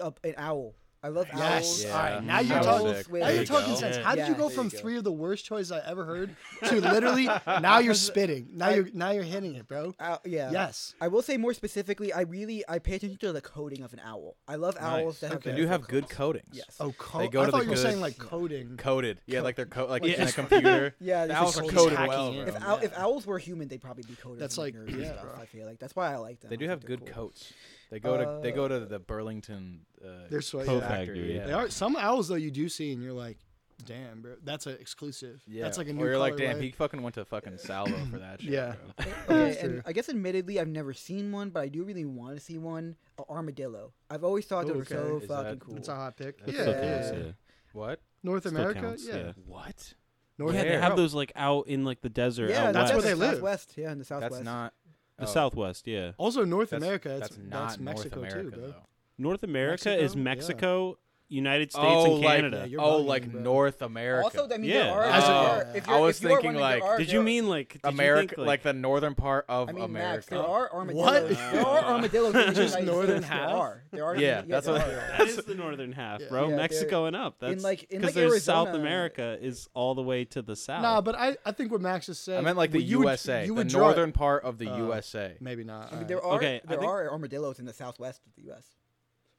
[SPEAKER 1] up an owl. I love owls.
[SPEAKER 2] Yes.
[SPEAKER 4] Yeah.
[SPEAKER 2] All right. Now you're
[SPEAKER 4] Owls
[SPEAKER 2] talking.
[SPEAKER 4] sick.
[SPEAKER 1] with-
[SPEAKER 2] Now
[SPEAKER 4] There
[SPEAKER 2] you're
[SPEAKER 4] you
[SPEAKER 2] talking
[SPEAKER 4] go.
[SPEAKER 2] sense.
[SPEAKER 3] Yeah.
[SPEAKER 2] How did
[SPEAKER 1] Yeah.
[SPEAKER 2] you go
[SPEAKER 4] There
[SPEAKER 2] from
[SPEAKER 4] you go.
[SPEAKER 2] three of the worst choices I ever heard to literally now you're spitting? Now you're now you're hitting it, bro.
[SPEAKER 1] Ow- yeah.
[SPEAKER 2] Yes.
[SPEAKER 1] I will say more specifically, I really I pay attention to the coating of an owl. I love owls that have
[SPEAKER 4] They
[SPEAKER 1] very
[SPEAKER 4] do
[SPEAKER 1] full
[SPEAKER 4] have good
[SPEAKER 1] coats.
[SPEAKER 4] coatings.
[SPEAKER 1] Yes.
[SPEAKER 2] Oh, co-
[SPEAKER 4] They go
[SPEAKER 2] I
[SPEAKER 4] to
[SPEAKER 2] thought
[SPEAKER 4] the
[SPEAKER 2] you were saying
[SPEAKER 4] good-
[SPEAKER 2] like coding.
[SPEAKER 4] Coated. Yeah, like they're co- like
[SPEAKER 2] Like
[SPEAKER 4] in a
[SPEAKER 2] just-
[SPEAKER 4] computer.
[SPEAKER 1] Yeah,
[SPEAKER 4] the
[SPEAKER 1] they're
[SPEAKER 4] owls
[SPEAKER 1] just
[SPEAKER 4] are
[SPEAKER 1] always
[SPEAKER 4] coated
[SPEAKER 8] hacking
[SPEAKER 4] well.
[SPEAKER 8] in.
[SPEAKER 4] bro.
[SPEAKER 1] If,
[SPEAKER 8] Yeah.
[SPEAKER 1] owl, if owls were human, they'd probably be coated.
[SPEAKER 2] That's
[SPEAKER 1] in
[SPEAKER 2] like-
[SPEAKER 1] nerds and
[SPEAKER 2] yeah,
[SPEAKER 1] stuff,
[SPEAKER 2] bro.
[SPEAKER 1] I feel like that's why I like them.
[SPEAKER 4] They
[SPEAKER 1] I
[SPEAKER 4] do
[SPEAKER 1] think
[SPEAKER 4] have
[SPEAKER 1] they're
[SPEAKER 4] good
[SPEAKER 1] cool.
[SPEAKER 4] coats. They go to they go to the Burlington. Uh,
[SPEAKER 2] They're so-
[SPEAKER 4] coat
[SPEAKER 2] yeah.
[SPEAKER 4] factory.
[SPEAKER 3] Factory.
[SPEAKER 4] Yeah.
[SPEAKER 2] They are some owls though. You do see, and you're like, damn, bro, that's an exclusive.
[SPEAKER 4] Yeah.
[SPEAKER 2] That's like a
[SPEAKER 4] Or
[SPEAKER 2] new.
[SPEAKER 4] you're like, damn,
[SPEAKER 2] colorway."
[SPEAKER 4] he fucking went to fucking Salvo for that shit.
[SPEAKER 2] Oh, Yeah.
[SPEAKER 4] bro.
[SPEAKER 1] Okay,
[SPEAKER 2] That's
[SPEAKER 1] and
[SPEAKER 2] true.
[SPEAKER 1] I guess admittedly, I've never seen one, but I do really want to see one. An armadillo. I've always thought they
[SPEAKER 2] Ooh,
[SPEAKER 1] were
[SPEAKER 2] okay.
[SPEAKER 1] so
[SPEAKER 4] Is that-
[SPEAKER 1] fucking cool.
[SPEAKER 2] That's a hot pick.
[SPEAKER 3] That
[SPEAKER 2] yeah,
[SPEAKER 3] still
[SPEAKER 2] yeah,
[SPEAKER 3] counts,
[SPEAKER 2] yeah.
[SPEAKER 3] yeah.
[SPEAKER 4] What?
[SPEAKER 2] North
[SPEAKER 3] Still
[SPEAKER 2] America.
[SPEAKER 3] counts,
[SPEAKER 2] yeah.
[SPEAKER 4] What?
[SPEAKER 2] North
[SPEAKER 3] yeah, they
[SPEAKER 4] Where?
[SPEAKER 3] have those like out in like the desert.
[SPEAKER 1] yeah,
[SPEAKER 3] out
[SPEAKER 1] that's
[SPEAKER 2] where
[SPEAKER 3] west.
[SPEAKER 2] they live.
[SPEAKER 1] Southwest. Yeah, in the southwest.
[SPEAKER 4] That's not
[SPEAKER 3] The
[SPEAKER 4] oh,
[SPEAKER 3] Southwest, yeah.
[SPEAKER 2] Also, North
[SPEAKER 4] That's,
[SPEAKER 2] America. It's,
[SPEAKER 4] that's not
[SPEAKER 2] Mexico
[SPEAKER 4] North America,
[SPEAKER 2] too, bro.
[SPEAKER 4] Though.
[SPEAKER 3] North America
[SPEAKER 2] Mexico?
[SPEAKER 3] is
[SPEAKER 2] Yeah.
[SPEAKER 3] Mexico, United States,
[SPEAKER 4] oh,
[SPEAKER 3] and
[SPEAKER 4] like,
[SPEAKER 3] Canada.
[SPEAKER 2] you're
[SPEAKER 4] oh,
[SPEAKER 2] bugging,
[SPEAKER 4] like
[SPEAKER 2] bro.
[SPEAKER 4] North America.
[SPEAKER 1] Also, I mean,
[SPEAKER 3] Yeah.
[SPEAKER 1] there are.
[SPEAKER 2] As
[SPEAKER 1] there
[SPEAKER 2] a-
[SPEAKER 1] are-
[SPEAKER 2] I
[SPEAKER 1] if you're,
[SPEAKER 4] was
[SPEAKER 1] if you are
[SPEAKER 4] thinking,
[SPEAKER 1] wondering, there
[SPEAKER 4] like,
[SPEAKER 1] are-
[SPEAKER 3] did
[SPEAKER 1] there
[SPEAKER 3] you
[SPEAKER 1] are-
[SPEAKER 3] mean like did you
[SPEAKER 4] America,
[SPEAKER 3] think,
[SPEAKER 4] like, the northern part of
[SPEAKER 1] I mean, Max,
[SPEAKER 4] America.
[SPEAKER 1] there are armadillos. There are armadillos in the
[SPEAKER 2] Just
[SPEAKER 1] United
[SPEAKER 2] northern
[SPEAKER 1] States. There
[SPEAKER 2] half?
[SPEAKER 1] are. There are.
[SPEAKER 4] Yeah, that's
[SPEAKER 1] there are.
[SPEAKER 4] what-
[SPEAKER 3] that is the northern half, bro.
[SPEAKER 1] Yeah,
[SPEAKER 3] Mexico and up. That's
[SPEAKER 1] like- in, like,
[SPEAKER 3] there's South
[SPEAKER 1] Arizona-
[SPEAKER 3] America is all the way to the south.
[SPEAKER 2] Nah, but I, I think what Max is saying.
[SPEAKER 4] I meant like the
[SPEAKER 2] well, you would-
[SPEAKER 4] USA,
[SPEAKER 2] you
[SPEAKER 4] the
[SPEAKER 2] would draw it-
[SPEAKER 4] northern part of the
[SPEAKER 2] Uh,
[SPEAKER 4] USA.
[SPEAKER 2] Maybe not.
[SPEAKER 1] I mean,
[SPEAKER 2] alright.
[SPEAKER 1] there are
[SPEAKER 3] Okay, I
[SPEAKER 1] there
[SPEAKER 3] think-
[SPEAKER 1] are armadillos in the southwest of the U.S.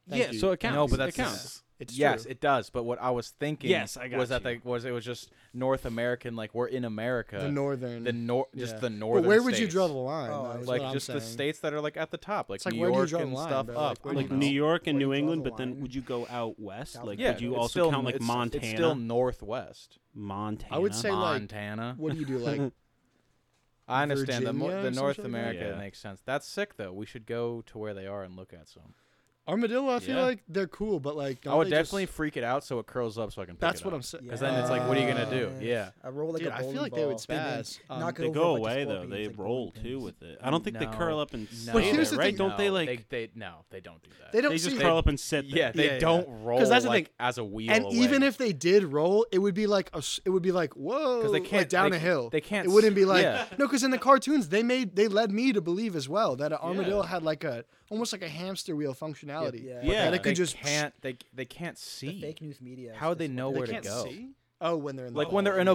[SPEAKER 2] Thank
[SPEAKER 3] yeah,
[SPEAKER 2] you.
[SPEAKER 3] so it counts.
[SPEAKER 4] No, but
[SPEAKER 3] it
[SPEAKER 4] that's
[SPEAKER 3] counts.
[SPEAKER 2] It's
[SPEAKER 4] yes,
[SPEAKER 2] true.
[SPEAKER 4] it does. But what I was thinking,
[SPEAKER 3] Yes, I got
[SPEAKER 4] was that
[SPEAKER 3] you.
[SPEAKER 4] they was it was just North American, like we're in America,
[SPEAKER 2] the northern.
[SPEAKER 4] the nor- just
[SPEAKER 2] yeah.
[SPEAKER 4] the
[SPEAKER 2] But
[SPEAKER 4] northern.
[SPEAKER 2] where would you
[SPEAKER 4] states.
[SPEAKER 2] draw the line?
[SPEAKER 1] Oh,
[SPEAKER 2] though,
[SPEAKER 1] I
[SPEAKER 2] is
[SPEAKER 1] see.
[SPEAKER 4] Like
[SPEAKER 2] what I'm
[SPEAKER 4] just the
[SPEAKER 2] saying.
[SPEAKER 4] states that are like at the top, like,
[SPEAKER 2] It's like,
[SPEAKER 4] New
[SPEAKER 2] where do you
[SPEAKER 4] York
[SPEAKER 2] draw
[SPEAKER 4] and
[SPEAKER 2] the line,
[SPEAKER 4] stuff
[SPEAKER 2] bro?
[SPEAKER 4] up.
[SPEAKER 2] Like, where
[SPEAKER 4] I
[SPEAKER 2] do
[SPEAKER 3] Like
[SPEAKER 2] you
[SPEAKER 4] don't
[SPEAKER 3] New
[SPEAKER 4] know.
[SPEAKER 3] York and
[SPEAKER 1] Where
[SPEAKER 3] New
[SPEAKER 1] you draw
[SPEAKER 3] England,
[SPEAKER 1] the
[SPEAKER 3] but then
[SPEAKER 1] line.
[SPEAKER 3] would you go out west? Like,
[SPEAKER 4] Yeah,
[SPEAKER 3] would you
[SPEAKER 4] it's
[SPEAKER 3] also
[SPEAKER 4] still,
[SPEAKER 3] count like
[SPEAKER 4] it's,
[SPEAKER 3] Montana?
[SPEAKER 4] It's still northwest.
[SPEAKER 3] Montana.
[SPEAKER 2] I would say like,
[SPEAKER 4] Montana.
[SPEAKER 2] what do you do? Like,
[SPEAKER 4] I understand
[SPEAKER 2] Virginia
[SPEAKER 4] the mo- the
[SPEAKER 2] or some
[SPEAKER 4] North
[SPEAKER 2] shit like that?
[SPEAKER 4] America
[SPEAKER 3] Yeah.
[SPEAKER 4] makes sense. That's sick though. We should go to where they are and look at some.
[SPEAKER 2] armadillo, I feel
[SPEAKER 3] Yeah.
[SPEAKER 2] like they're cool, but like,
[SPEAKER 4] I
[SPEAKER 2] don't
[SPEAKER 4] would
[SPEAKER 2] they
[SPEAKER 4] definitely
[SPEAKER 2] Just,
[SPEAKER 4] freak it out so it curls up so I can. Pick
[SPEAKER 2] that's
[SPEAKER 4] it
[SPEAKER 2] what
[SPEAKER 4] up.
[SPEAKER 2] I'm saying.
[SPEAKER 4] Because then it's like, what are you gonna do? Yeah.
[SPEAKER 1] I roll like
[SPEAKER 2] Dude,
[SPEAKER 1] a
[SPEAKER 2] I feel
[SPEAKER 1] bowling
[SPEAKER 2] like they would
[SPEAKER 1] ball,
[SPEAKER 2] spin
[SPEAKER 1] and then
[SPEAKER 2] this, um,
[SPEAKER 1] knock it
[SPEAKER 3] They
[SPEAKER 1] over
[SPEAKER 3] go
[SPEAKER 1] like a
[SPEAKER 3] away though.
[SPEAKER 1] scorpion,
[SPEAKER 3] They
[SPEAKER 1] it's like bowling
[SPEAKER 3] roll too
[SPEAKER 1] pins.
[SPEAKER 3] with it. I don't think they
[SPEAKER 4] No.
[SPEAKER 3] curl up and.
[SPEAKER 4] No,
[SPEAKER 3] stay
[SPEAKER 2] But here's
[SPEAKER 3] there,
[SPEAKER 2] the
[SPEAKER 3] right?
[SPEAKER 2] thing-
[SPEAKER 3] Don't they
[SPEAKER 4] No,
[SPEAKER 3] like?
[SPEAKER 4] They, no, they don't do that.
[SPEAKER 2] They don't
[SPEAKER 3] they just
[SPEAKER 2] see-
[SPEAKER 3] curl up and sit there.
[SPEAKER 4] yeah, they
[SPEAKER 2] Yeah, yeah.
[SPEAKER 4] don't roll.
[SPEAKER 2] 'Cause that's the
[SPEAKER 4] like,
[SPEAKER 2] thing.
[SPEAKER 4] as a wheel.
[SPEAKER 2] And even
[SPEAKER 4] away.
[SPEAKER 2] if they did roll, it would be like a, s- it would be like whoa,
[SPEAKER 4] they
[SPEAKER 2] like,
[SPEAKER 4] can't-
[SPEAKER 2] down
[SPEAKER 4] they-
[SPEAKER 2] a hill.
[SPEAKER 4] they can't
[SPEAKER 2] It wouldn't be
[SPEAKER 4] s-
[SPEAKER 2] like
[SPEAKER 4] yeah.
[SPEAKER 2] no, because in the cartoons they made they led me to believe as well that an armadillo
[SPEAKER 4] Yeah.
[SPEAKER 2] had like a almost like a hamster wheel functionality.
[SPEAKER 1] Yeah.
[SPEAKER 3] Yeah.
[SPEAKER 2] that it
[SPEAKER 4] they
[SPEAKER 2] could just
[SPEAKER 4] can't. They they can't
[SPEAKER 1] The
[SPEAKER 4] see.
[SPEAKER 1] fake news media. is
[SPEAKER 4] How would they
[SPEAKER 1] just
[SPEAKER 4] know
[SPEAKER 1] what
[SPEAKER 4] where
[SPEAKER 2] they
[SPEAKER 4] to
[SPEAKER 2] can't
[SPEAKER 4] go?
[SPEAKER 2] see. Oh, when they're in the
[SPEAKER 4] Like when
[SPEAKER 2] hole.
[SPEAKER 4] they're in a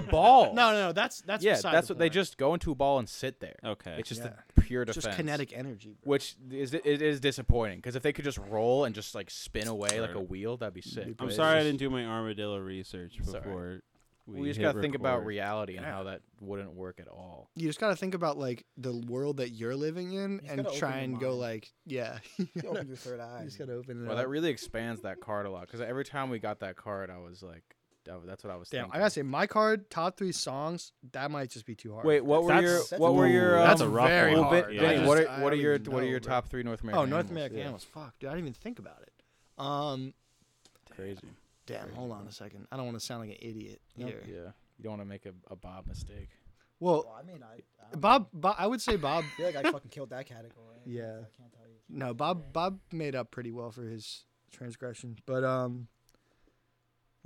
[SPEAKER 4] ball.
[SPEAKER 2] No, no, no, that's that's
[SPEAKER 4] yeah,
[SPEAKER 2] beside
[SPEAKER 4] that's
[SPEAKER 2] the
[SPEAKER 4] what they
[SPEAKER 2] point.
[SPEAKER 4] just go into a ball and sit there.
[SPEAKER 3] Okay.
[SPEAKER 4] it's just
[SPEAKER 2] Yeah.
[SPEAKER 4] the pure defense.
[SPEAKER 2] just kinetic energy. bro.
[SPEAKER 4] Which is it is disappointing because if they could just roll and just like spin away like
[SPEAKER 3] Right.
[SPEAKER 4] a wheel, that'd be sick. but
[SPEAKER 3] I'm
[SPEAKER 4] it's
[SPEAKER 3] sorry I
[SPEAKER 4] just-
[SPEAKER 3] didn't do my armadillo research
[SPEAKER 4] It's all right.
[SPEAKER 3] before.
[SPEAKER 4] We,
[SPEAKER 3] we
[SPEAKER 4] just
[SPEAKER 3] hit
[SPEAKER 4] gotta think about
[SPEAKER 3] record.
[SPEAKER 4] reality and how that wouldn't work at all.
[SPEAKER 2] You just got to think about like the world that you're living in
[SPEAKER 1] just
[SPEAKER 2] and
[SPEAKER 1] gotta
[SPEAKER 2] try
[SPEAKER 1] open your
[SPEAKER 2] and go
[SPEAKER 1] mind.
[SPEAKER 2] like yeah.
[SPEAKER 1] You open your third eye.
[SPEAKER 2] You just got to open it.
[SPEAKER 4] Well,
[SPEAKER 2] up.
[SPEAKER 4] that really expands that card a lot because every time we got that card, I was like, that- that's what I was
[SPEAKER 2] Damn,
[SPEAKER 4] thinking.
[SPEAKER 2] I gotta say, my card top three songs that might just be too hard.
[SPEAKER 4] Wait, what were
[SPEAKER 1] That's-
[SPEAKER 4] your
[SPEAKER 1] that's
[SPEAKER 4] what were
[SPEAKER 3] Ooh,
[SPEAKER 4] your um,
[SPEAKER 2] that's a rough
[SPEAKER 4] very
[SPEAKER 2] one.
[SPEAKER 4] Vin-
[SPEAKER 2] hard.
[SPEAKER 4] Vinny,
[SPEAKER 3] Yeah. I just-
[SPEAKER 4] what
[SPEAKER 2] I
[SPEAKER 4] are what are
[SPEAKER 2] don't
[SPEAKER 4] your
[SPEAKER 2] even
[SPEAKER 4] what are
[SPEAKER 2] know,
[SPEAKER 4] your
[SPEAKER 2] bro.
[SPEAKER 4] top three North American?
[SPEAKER 2] Oh, North
[SPEAKER 4] animals?
[SPEAKER 2] American
[SPEAKER 4] Yeah.
[SPEAKER 2] animals. Fuck, dude, I didn't even think about it. Um,
[SPEAKER 3] Crazy.
[SPEAKER 2] damn, hold on a second. I don't want to sound like an idiot here.
[SPEAKER 4] Yeah, you don't want to make a, a Bob mistake.
[SPEAKER 1] Well,
[SPEAKER 2] Well,
[SPEAKER 1] I mean, I, I don't
[SPEAKER 2] Bob, Bob, I would say Bob.
[SPEAKER 1] feel like I fucking killed that category.
[SPEAKER 2] Yeah.
[SPEAKER 1] I can't tell you.
[SPEAKER 2] No, Bob, Bob made up pretty well for his transgression, but um,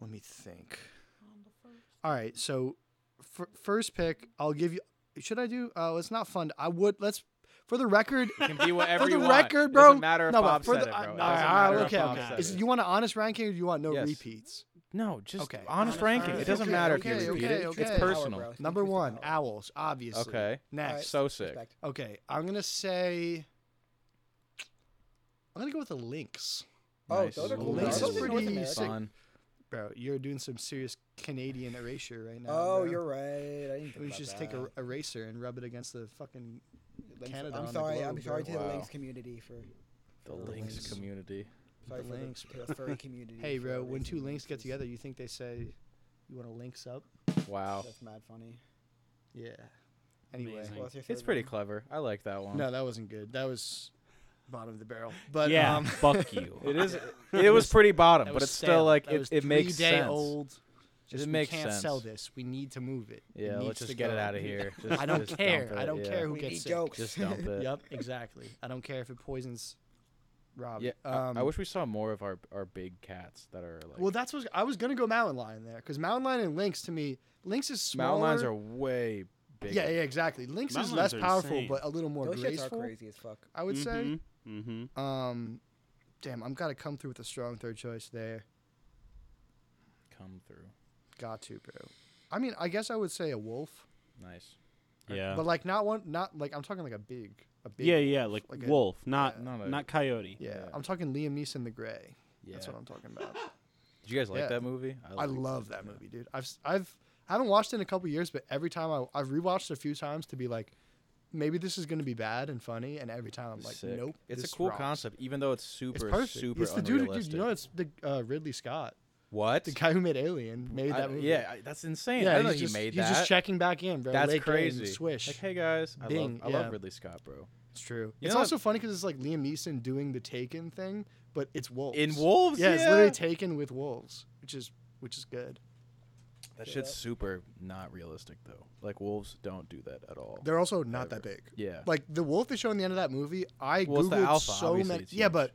[SPEAKER 2] let me think. All right, so f- first pick, I'll give you. Should I do? Oh, it's not fun. I would. Let's, for the record,
[SPEAKER 4] It can be whatever
[SPEAKER 2] for
[SPEAKER 4] you
[SPEAKER 2] the
[SPEAKER 4] want.
[SPEAKER 2] record,
[SPEAKER 4] It
[SPEAKER 2] bro.
[SPEAKER 4] Doesn't matter if
[SPEAKER 2] no, but
[SPEAKER 4] Bob
[SPEAKER 2] for
[SPEAKER 4] said
[SPEAKER 2] the,
[SPEAKER 4] it,
[SPEAKER 2] I-
[SPEAKER 4] bro. It
[SPEAKER 2] all
[SPEAKER 4] doesn't
[SPEAKER 2] right,
[SPEAKER 4] matter if
[SPEAKER 2] okay,
[SPEAKER 4] Bob
[SPEAKER 2] okay.
[SPEAKER 4] said
[SPEAKER 2] Is,
[SPEAKER 4] it.
[SPEAKER 2] you want an honest ranking or do you want no
[SPEAKER 4] Yes.
[SPEAKER 2] repeats?
[SPEAKER 4] No, just
[SPEAKER 2] Okay.
[SPEAKER 4] honest ranking. It doesn't
[SPEAKER 2] okay,
[SPEAKER 4] matter if
[SPEAKER 2] okay,
[SPEAKER 4] you repeat
[SPEAKER 2] okay,
[SPEAKER 4] it.
[SPEAKER 2] okay.
[SPEAKER 4] It's
[SPEAKER 2] Power,
[SPEAKER 4] personal.
[SPEAKER 1] bro. It's
[SPEAKER 2] Number
[SPEAKER 1] increased
[SPEAKER 2] one,
[SPEAKER 1] power.
[SPEAKER 2] owls, obviously.
[SPEAKER 4] Okay.
[SPEAKER 1] Alright,
[SPEAKER 2] Next.
[SPEAKER 4] So sick.
[SPEAKER 1] Respect.
[SPEAKER 2] Okay, I'm gonna say. I'm gonna go with the lynx.
[SPEAKER 1] Oh,
[SPEAKER 4] Nice.
[SPEAKER 1] those are
[SPEAKER 2] Ooh,
[SPEAKER 1] cool.
[SPEAKER 2] Lynx
[SPEAKER 1] Oh, Those
[SPEAKER 2] is
[SPEAKER 1] are North
[SPEAKER 2] pretty
[SPEAKER 1] American.
[SPEAKER 2] sick.
[SPEAKER 4] Fun.
[SPEAKER 2] bro, you're doing some serious Canadian erasure right now.
[SPEAKER 1] Oh,
[SPEAKER 2] bro.
[SPEAKER 1] you're right. I didn't think
[SPEAKER 2] We
[SPEAKER 1] about
[SPEAKER 2] should just
[SPEAKER 1] that.
[SPEAKER 2] take a eraser and rub it against the fucking
[SPEAKER 1] Links-
[SPEAKER 2] Canada. on
[SPEAKER 1] I'm
[SPEAKER 2] the
[SPEAKER 1] sorry. I'm
[SPEAKER 2] globe,
[SPEAKER 1] sorry
[SPEAKER 2] bro.
[SPEAKER 1] to the
[SPEAKER 4] Wow.
[SPEAKER 1] links community for.
[SPEAKER 4] The
[SPEAKER 1] Links.
[SPEAKER 4] Lynx community.
[SPEAKER 1] Sorry for
[SPEAKER 2] links,
[SPEAKER 1] the, to the furry community.
[SPEAKER 2] Hey,
[SPEAKER 1] for
[SPEAKER 2] bro, when
[SPEAKER 1] raising
[SPEAKER 2] two links get
[SPEAKER 1] links.
[SPEAKER 2] together, you think they say, "You want to links up?"
[SPEAKER 4] Wow.
[SPEAKER 2] oh.
[SPEAKER 1] That's mad funny.
[SPEAKER 2] Yeah. Anyway,
[SPEAKER 3] Amazing.
[SPEAKER 1] What's your
[SPEAKER 4] It's
[SPEAKER 1] third
[SPEAKER 4] pretty
[SPEAKER 1] one?
[SPEAKER 4] clever. I like that one.
[SPEAKER 2] no, that wasn't good. That was bottom of the barrel. But
[SPEAKER 3] yeah,
[SPEAKER 2] um,
[SPEAKER 3] fuck you.
[SPEAKER 4] It is. It was pretty bottom,
[SPEAKER 2] that
[SPEAKER 4] but
[SPEAKER 2] was
[SPEAKER 4] it's still
[SPEAKER 2] stale.
[SPEAKER 4] like
[SPEAKER 2] That
[SPEAKER 4] it,
[SPEAKER 2] was
[SPEAKER 4] it makes
[SPEAKER 2] three day
[SPEAKER 4] sense.
[SPEAKER 2] Old. Just, we
[SPEAKER 4] makes
[SPEAKER 2] can't sell
[SPEAKER 4] sense.
[SPEAKER 2] this. We need to move it. It
[SPEAKER 4] Yeah, let's
[SPEAKER 2] needs
[SPEAKER 4] just
[SPEAKER 2] to
[SPEAKER 4] get it
[SPEAKER 2] go.
[SPEAKER 4] out of here. Just-
[SPEAKER 2] I don't
[SPEAKER 4] just
[SPEAKER 2] care.
[SPEAKER 4] dump
[SPEAKER 2] I
[SPEAKER 4] it,
[SPEAKER 2] don't
[SPEAKER 4] yeah.
[SPEAKER 2] care who
[SPEAKER 1] We need
[SPEAKER 2] gets sick.
[SPEAKER 1] jokes.
[SPEAKER 4] Just dump it.
[SPEAKER 2] Yep, exactly. I don't care if it poisons Rob.
[SPEAKER 4] Yeah, I-
[SPEAKER 2] um,
[SPEAKER 4] I, wish we saw more of our, our big cats that are like.
[SPEAKER 2] Well, that's what I was gonna go mountain lion there because mountain lion and lynx to me, lynx is smaller.
[SPEAKER 4] mountain lions are way bigger.
[SPEAKER 2] yeah, yeah, exactly. Lynx
[SPEAKER 3] Mountain
[SPEAKER 2] is less
[SPEAKER 3] lions are
[SPEAKER 2] powerful,
[SPEAKER 3] insane.
[SPEAKER 2] but a little more
[SPEAKER 1] Those shits are
[SPEAKER 2] graceful.
[SPEAKER 1] crazy as fuck.
[SPEAKER 2] I would say.
[SPEAKER 3] Mm-hmm.
[SPEAKER 2] Um, damn, I'm gotta come through with a strong third choice there.
[SPEAKER 4] Come through.
[SPEAKER 2] Got to, bro. I mean, I guess I would say a wolf,
[SPEAKER 4] Nice.
[SPEAKER 3] Yeah.
[SPEAKER 2] but like not one, not like I'm talking like a big, a big.
[SPEAKER 3] yeah, yeah, like,
[SPEAKER 2] like a-
[SPEAKER 3] wolf, not
[SPEAKER 4] yeah. Not a-
[SPEAKER 3] not coyote.
[SPEAKER 2] Yeah,
[SPEAKER 4] Yeah.
[SPEAKER 2] I'm talking Liam Neeson, The Gray.
[SPEAKER 4] Yeah.
[SPEAKER 2] That's what I'm talking about.
[SPEAKER 4] Do you guys like
[SPEAKER 2] Yeah.
[SPEAKER 4] that movie?
[SPEAKER 2] I
[SPEAKER 4] liked
[SPEAKER 2] love
[SPEAKER 4] it.
[SPEAKER 2] that
[SPEAKER 4] Yeah.
[SPEAKER 2] movie, dude. I've s- I've I haven't watched it in a couple years, but every time I I've rewatched it a few times to be like, maybe this is gonna be bad and funny, and every time I'm like,
[SPEAKER 4] Sick.
[SPEAKER 2] nope.
[SPEAKER 4] It's
[SPEAKER 2] this
[SPEAKER 4] a cool
[SPEAKER 2] rocks.
[SPEAKER 4] concept, even though it's super,
[SPEAKER 2] it's perfect.
[SPEAKER 4] super
[SPEAKER 2] it's the dude, who-
[SPEAKER 4] unrealistic.
[SPEAKER 2] dude. You know, it's the uh, Ridley Scott,
[SPEAKER 4] what?
[SPEAKER 2] the guy who made Alien, made
[SPEAKER 4] I-
[SPEAKER 2] that movie.
[SPEAKER 4] Yeah, I- that's insane.
[SPEAKER 2] yeah.
[SPEAKER 4] I didn't know
[SPEAKER 2] he's
[SPEAKER 4] he
[SPEAKER 2] just,
[SPEAKER 4] made
[SPEAKER 2] he's
[SPEAKER 4] that.
[SPEAKER 2] just checking back in, bro.
[SPEAKER 4] that's
[SPEAKER 2] Late game,
[SPEAKER 4] crazy.
[SPEAKER 2] Swish.
[SPEAKER 4] Like, hey guys, I
[SPEAKER 2] Bing,
[SPEAKER 4] love I
[SPEAKER 2] yeah.
[SPEAKER 4] love Ridley Scott, bro.
[SPEAKER 2] It's true.
[SPEAKER 4] You
[SPEAKER 2] it's
[SPEAKER 4] know
[SPEAKER 2] also
[SPEAKER 4] that-
[SPEAKER 2] funny because it's like Liam Neeson doing the Taken thing, but it's wolves.
[SPEAKER 4] In wolves,
[SPEAKER 2] Yeah,
[SPEAKER 4] yeah,
[SPEAKER 2] it's literally Taken with wolves, which is which is good.
[SPEAKER 4] that shit's super not realistic though. Like wolves don't do that at all.
[SPEAKER 2] They're also not that
[SPEAKER 4] Ever.
[SPEAKER 2] big.
[SPEAKER 4] yeah,
[SPEAKER 2] Like the wolf they show in the end of that movie, I
[SPEAKER 4] Well, it's
[SPEAKER 2] googled
[SPEAKER 4] the alpha,
[SPEAKER 2] so
[SPEAKER 4] obviously,
[SPEAKER 2] many.
[SPEAKER 4] it's
[SPEAKER 2] Yeah,
[SPEAKER 4] huge.
[SPEAKER 2] but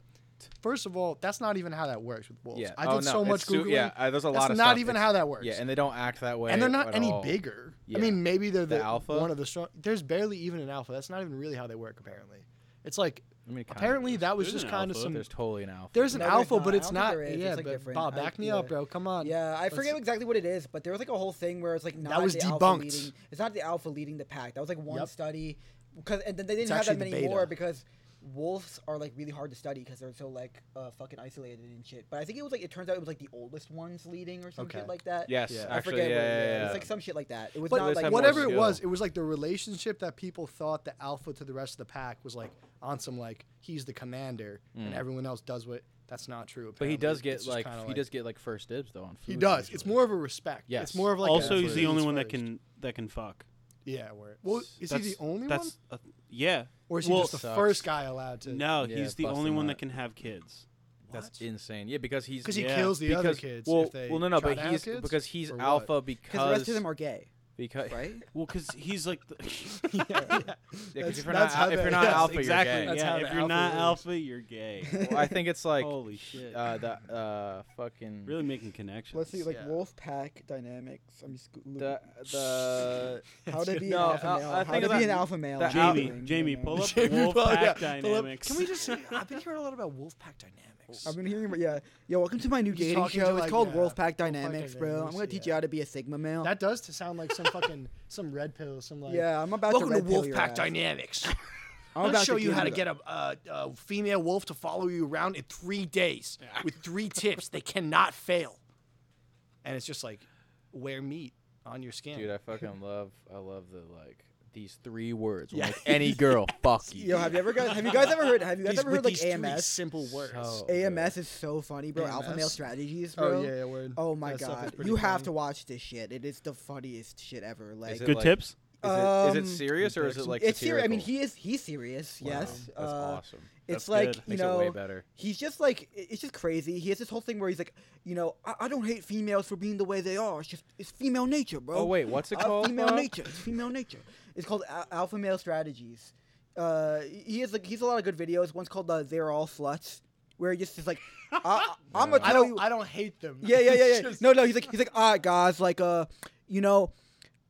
[SPEAKER 2] first of all, that's not even how that works with wolves.
[SPEAKER 4] yeah.
[SPEAKER 2] I did
[SPEAKER 4] oh, no,
[SPEAKER 2] so much
[SPEAKER 4] it's su-
[SPEAKER 2] googling.
[SPEAKER 4] yeah, I- there's a lot
[SPEAKER 2] that's
[SPEAKER 4] of
[SPEAKER 2] not
[SPEAKER 4] stuff.
[SPEAKER 2] even
[SPEAKER 4] It's-
[SPEAKER 2] how that works.
[SPEAKER 4] Yeah, and they don't act that way.
[SPEAKER 2] And they're not
[SPEAKER 4] at
[SPEAKER 2] any
[SPEAKER 4] all.
[SPEAKER 2] bigger.
[SPEAKER 4] Yeah.
[SPEAKER 2] I mean, maybe they're
[SPEAKER 4] The
[SPEAKER 2] the,
[SPEAKER 4] alpha?
[SPEAKER 2] one of the strong. There's barely even an alpha. That's not even really how they work. Apparently, it's like
[SPEAKER 4] I mean, it kinda
[SPEAKER 2] apparently
[SPEAKER 4] is.
[SPEAKER 2] that was
[SPEAKER 3] There's
[SPEAKER 2] just
[SPEAKER 3] an
[SPEAKER 2] kind of
[SPEAKER 3] alpha.
[SPEAKER 2] some.
[SPEAKER 4] there's totally an alpha.
[SPEAKER 2] There's an
[SPEAKER 1] No, there's
[SPEAKER 2] alpha,
[SPEAKER 1] not.
[SPEAKER 2] but
[SPEAKER 1] I
[SPEAKER 2] it's
[SPEAKER 1] don't think
[SPEAKER 2] not.
[SPEAKER 1] there is. It's,
[SPEAKER 2] Yeah,
[SPEAKER 1] like,
[SPEAKER 2] but
[SPEAKER 1] different.
[SPEAKER 2] Bob,
[SPEAKER 1] I-
[SPEAKER 2] back me
[SPEAKER 1] yeah.
[SPEAKER 2] up, bro. Come on.
[SPEAKER 1] Yeah, I
[SPEAKER 2] Let's-
[SPEAKER 1] forget exactly what it is, but there was like a whole thing where it's like not
[SPEAKER 2] was
[SPEAKER 1] the alpha
[SPEAKER 2] debunked.
[SPEAKER 1] leading. It's not the alpha leading the pack. That was like one
[SPEAKER 2] Yep.
[SPEAKER 1] study, because and then they didn't
[SPEAKER 2] It's
[SPEAKER 1] have that
[SPEAKER 2] actually the
[SPEAKER 1] many more
[SPEAKER 2] beta.
[SPEAKER 1] because wolves are like really hard to study because they're so like uh, fucking isolated and shit. But I think it was like it turns out it was like the oldest ones leading or some
[SPEAKER 2] Okay.
[SPEAKER 1] shit like that.
[SPEAKER 4] yes,
[SPEAKER 2] Yeah. I
[SPEAKER 4] actually, yeah,
[SPEAKER 1] what it was.
[SPEAKER 4] yeah,
[SPEAKER 1] It
[SPEAKER 4] yeah.
[SPEAKER 1] was like some shit like that. It was
[SPEAKER 2] But
[SPEAKER 1] not
[SPEAKER 4] Let's
[SPEAKER 1] like
[SPEAKER 4] have more
[SPEAKER 2] whatever it
[SPEAKER 4] skill.
[SPEAKER 2] was, it was like the relationship that people thought the alpha to the rest of the pack was like on some like he's the commander and everyone else does what. That's not true.
[SPEAKER 4] Mm. But he
[SPEAKER 2] apparently.
[SPEAKER 4] does get
[SPEAKER 2] It's just
[SPEAKER 4] like
[SPEAKER 2] kinda
[SPEAKER 4] he does get like first dibs though on food.
[SPEAKER 2] He does. It's
[SPEAKER 4] usually.
[SPEAKER 2] more of a respect. Yeah.
[SPEAKER 4] Yes.
[SPEAKER 2] It's more of like.
[SPEAKER 3] also,
[SPEAKER 2] a
[SPEAKER 3] he's the only
[SPEAKER 2] who's
[SPEAKER 3] one that
[SPEAKER 2] first.
[SPEAKER 3] can that can fuck.
[SPEAKER 2] Yeah. Where, well, is he the
[SPEAKER 3] That's-
[SPEAKER 2] only one,
[SPEAKER 3] that's A, yeah.
[SPEAKER 2] or is he
[SPEAKER 3] well,
[SPEAKER 2] just the
[SPEAKER 4] Sucks.
[SPEAKER 2] first guy allowed to?
[SPEAKER 3] No,
[SPEAKER 4] Yeah,
[SPEAKER 3] he's the
[SPEAKER 4] bust
[SPEAKER 3] only
[SPEAKER 4] him
[SPEAKER 3] one
[SPEAKER 4] out.
[SPEAKER 3] that can have kids.
[SPEAKER 4] That's insane. Yeah, because he's
[SPEAKER 2] because he
[SPEAKER 3] Yeah,
[SPEAKER 2] kills the
[SPEAKER 4] because,
[SPEAKER 2] other kids.
[SPEAKER 4] Well,
[SPEAKER 2] if they
[SPEAKER 4] well, no, no,
[SPEAKER 2] try
[SPEAKER 4] but
[SPEAKER 2] to have
[SPEAKER 4] he's
[SPEAKER 2] kids,
[SPEAKER 4] because he's
[SPEAKER 2] or what?
[SPEAKER 4] alpha
[SPEAKER 1] because the rest
[SPEAKER 4] because
[SPEAKER 1] of them are gay,
[SPEAKER 4] because
[SPEAKER 1] right?
[SPEAKER 3] Well, because he's like, the,
[SPEAKER 4] Yeah, 'cause
[SPEAKER 2] That's-
[SPEAKER 4] if you're
[SPEAKER 2] that's
[SPEAKER 4] not al-
[SPEAKER 2] how
[SPEAKER 4] if
[SPEAKER 2] they-
[SPEAKER 4] you're not
[SPEAKER 2] yes,
[SPEAKER 4] alpha,
[SPEAKER 3] exactly.
[SPEAKER 4] you're gay.
[SPEAKER 2] That's
[SPEAKER 3] yeah,
[SPEAKER 2] how
[SPEAKER 3] if
[SPEAKER 2] the
[SPEAKER 3] you're
[SPEAKER 2] alpha
[SPEAKER 3] not
[SPEAKER 2] is.
[SPEAKER 3] alpha, you're gay.
[SPEAKER 4] Well, I think it's like
[SPEAKER 3] Holy shit!
[SPEAKER 4] uh, the uh fucking
[SPEAKER 3] really making connections.
[SPEAKER 1] Let's see, like
[SPEAKER 2] Yeah.
[SPEAKER 1] wolf pack dynamics. I'm just Googling.
[SPEAKER 4] the the
[SPEAKER 1] how to be
[SPEAKER 4] No,
[SPEAKER 1] an alpha
[SPEAKER 4] I-
[SPEAKER 1] male.
[SPEAKER 4] I
[SPEAKER 1] how
[SPEAKER 4] think
[SPEAKER 1] to
[SPEAKER 4] that-
[SPEAKER 1] be an alpha male.
[SPEAKER 4] that
[SPEAKER 1] in
[SPEAKER 4] alpha-
[SPEAKER 3] Jamie,
[SPEAKER 1] dating, you
[SPEAKER 3] Jamie,
[SPEAKER 1] know?
[SPEAKER 3] pull up
[SPEAKER 2] Jamie,
[SPEAKER 3] wolf
[SPEAKER 2] pull- yeah,
[SPEAKER 3] pack
[SPEAKER 2] pull up-
[SPEAKER 3] dynamics.
[SPEAKER 2] Can we just? I've been hearing a lot about Wolfpack Dynamics.
[SPEAKER 1] I've been hearing, about- yeah, yo, welcome to my new
[SPEAKER 2] He's
[SPEAKER 1] dating
[SPEAKER 2] talking
[SPEAKER 1] show.
[SPEAKER 2] to,
[SPEAKER 1] it's
[SPEAKER 2] like,
[SPEAKER 1] called
[SPEAKER 2] yeah,
[SPEAKER 1] Wolfpack
[SPEAKER 2] Wolfpack
[SPEAKER 1] Dynamics, bro. I'm gonna
[SPEAKER 2] Dynamics,
[SPEAKER 1] teach
[SPEAKER 2] yeah.
[SPEAKER 1] you how to be a Sigma male.
[SPEAKER 2] That does to sound like some fucking some red pill. Some like
[SPEAKER 1] yeah, I'm about
[SPEAKER 8] Welcome
[SPEAKER 1] to,
[SPEAKER 8] to
[SPEAKER 1] red pill your
[SPEAKER 8] Wolfpack
[SPEAKER 1] ass.
[SPEAKER 8] Dynamics.
[SPEAKER 1] I'm
[SPEAKER 8] I'll
[SPEAKER 1] about
[SPEAKER 8] show you
[SPEAKER 1] give
[SPEAKER 8] how to
[SPEAKER 1] the-
[SPEAKER 8] get a, a, a female wolf to follow you around in three days with three tips. They cannot fail.
[SPEAKER 2] and it's just like wear meat on your skin.
[SPEAKER 4] dude. I fucking love I love the like these three words. will make any girl, fuck you.
[SPEAKER 1] Yo, have you ever guys? Have you guys ever heard? Have you guys
[SPEAKER 2] These-
[SPEAKER 1] ever
[SPEAKER 2] with
[SPEAKER 1] heard like
[SPEAKER 2] these three
[SPEAKER 1] AMS?
[SPEAKER 2] simple words.
[SPEAKER 4] So good.
[SPEAKER 1] AMS is so funny, bro. Alpha male
[SPEAKER 2] AMS?
[SPEAKER 1] strategies,
[SPEAKER 2] Oh,
[SPEAKER 1] bro.
[SPEAKER 2] yeah, yeah, word.
[SPEAKER 1] Oh my
[SPEAKER 2] That stuff is
[SPEAKER 1] god,
[SPEAKER 2] pretty
[SPEAKER 1] you have
[SPEAKER 2] funny.
[SPEAKER 1] to watch this shit. It is the funniest shit ever. Like,
[SPEAKER 4] it
[SPEAKER 3] Good
[SPEAKER 4] like-
[SPEAKER 3] tips.
[SPEAKER 4] Is it,
[SPEAKER 1] Um,
[SPEAKER 4] is it serious or is it like
[SPEAKER 1] it's serious. I mean,
[SPEAKER 4] satirical?
[SPEAKER 1] he is he's serious. Yes,
[SPEAKER 4] That's
[SPEAKER 1] uh,
[SPEAKER 4] awesome.
[SPEAKER 1] It's
[SPEAKER 3] That's
[SPEAKER 1] like
[SPEAKER 3] good.
[SPEAKER 1] you
[SPEAKER 4] Makes
[SPEAKER 1] know,
[SPEAKER 4] it way better.
[SPEAKER 1] he's just like i- it's just crazy. He has this whole thing where he's like, you know, I, I don't hate females for being the way they are. It's just it's female nature, bro.
[SPEAKER 4] Oh, wait, what's it
[SPEAKER 1] Uh,
[SPEAKER 4] called,
[SPEAKER 1] female
[SPEAKER 4] bro?
[SPEAKER 1] nature. It's female nature. It's called Al- alpha male strategies. Uh, he has like he's a lot of good videos. One's called uh, "They're All Sluts," where he just is like, I, I'm gonna
[SPEAKER 2] I
[SPEAKER 1] tell
[SPEAKER 2] don't.
[SPEAKER 1] you.
[SPEAKER 2] I don't hate them.
[SPEAKER 1] Yeah, yeah, yeah, yeah.
[SPEAKER 2] It's just-
[SPEAKER 1] no, no, he's like, he's like, all right, guys, like, uh, you know,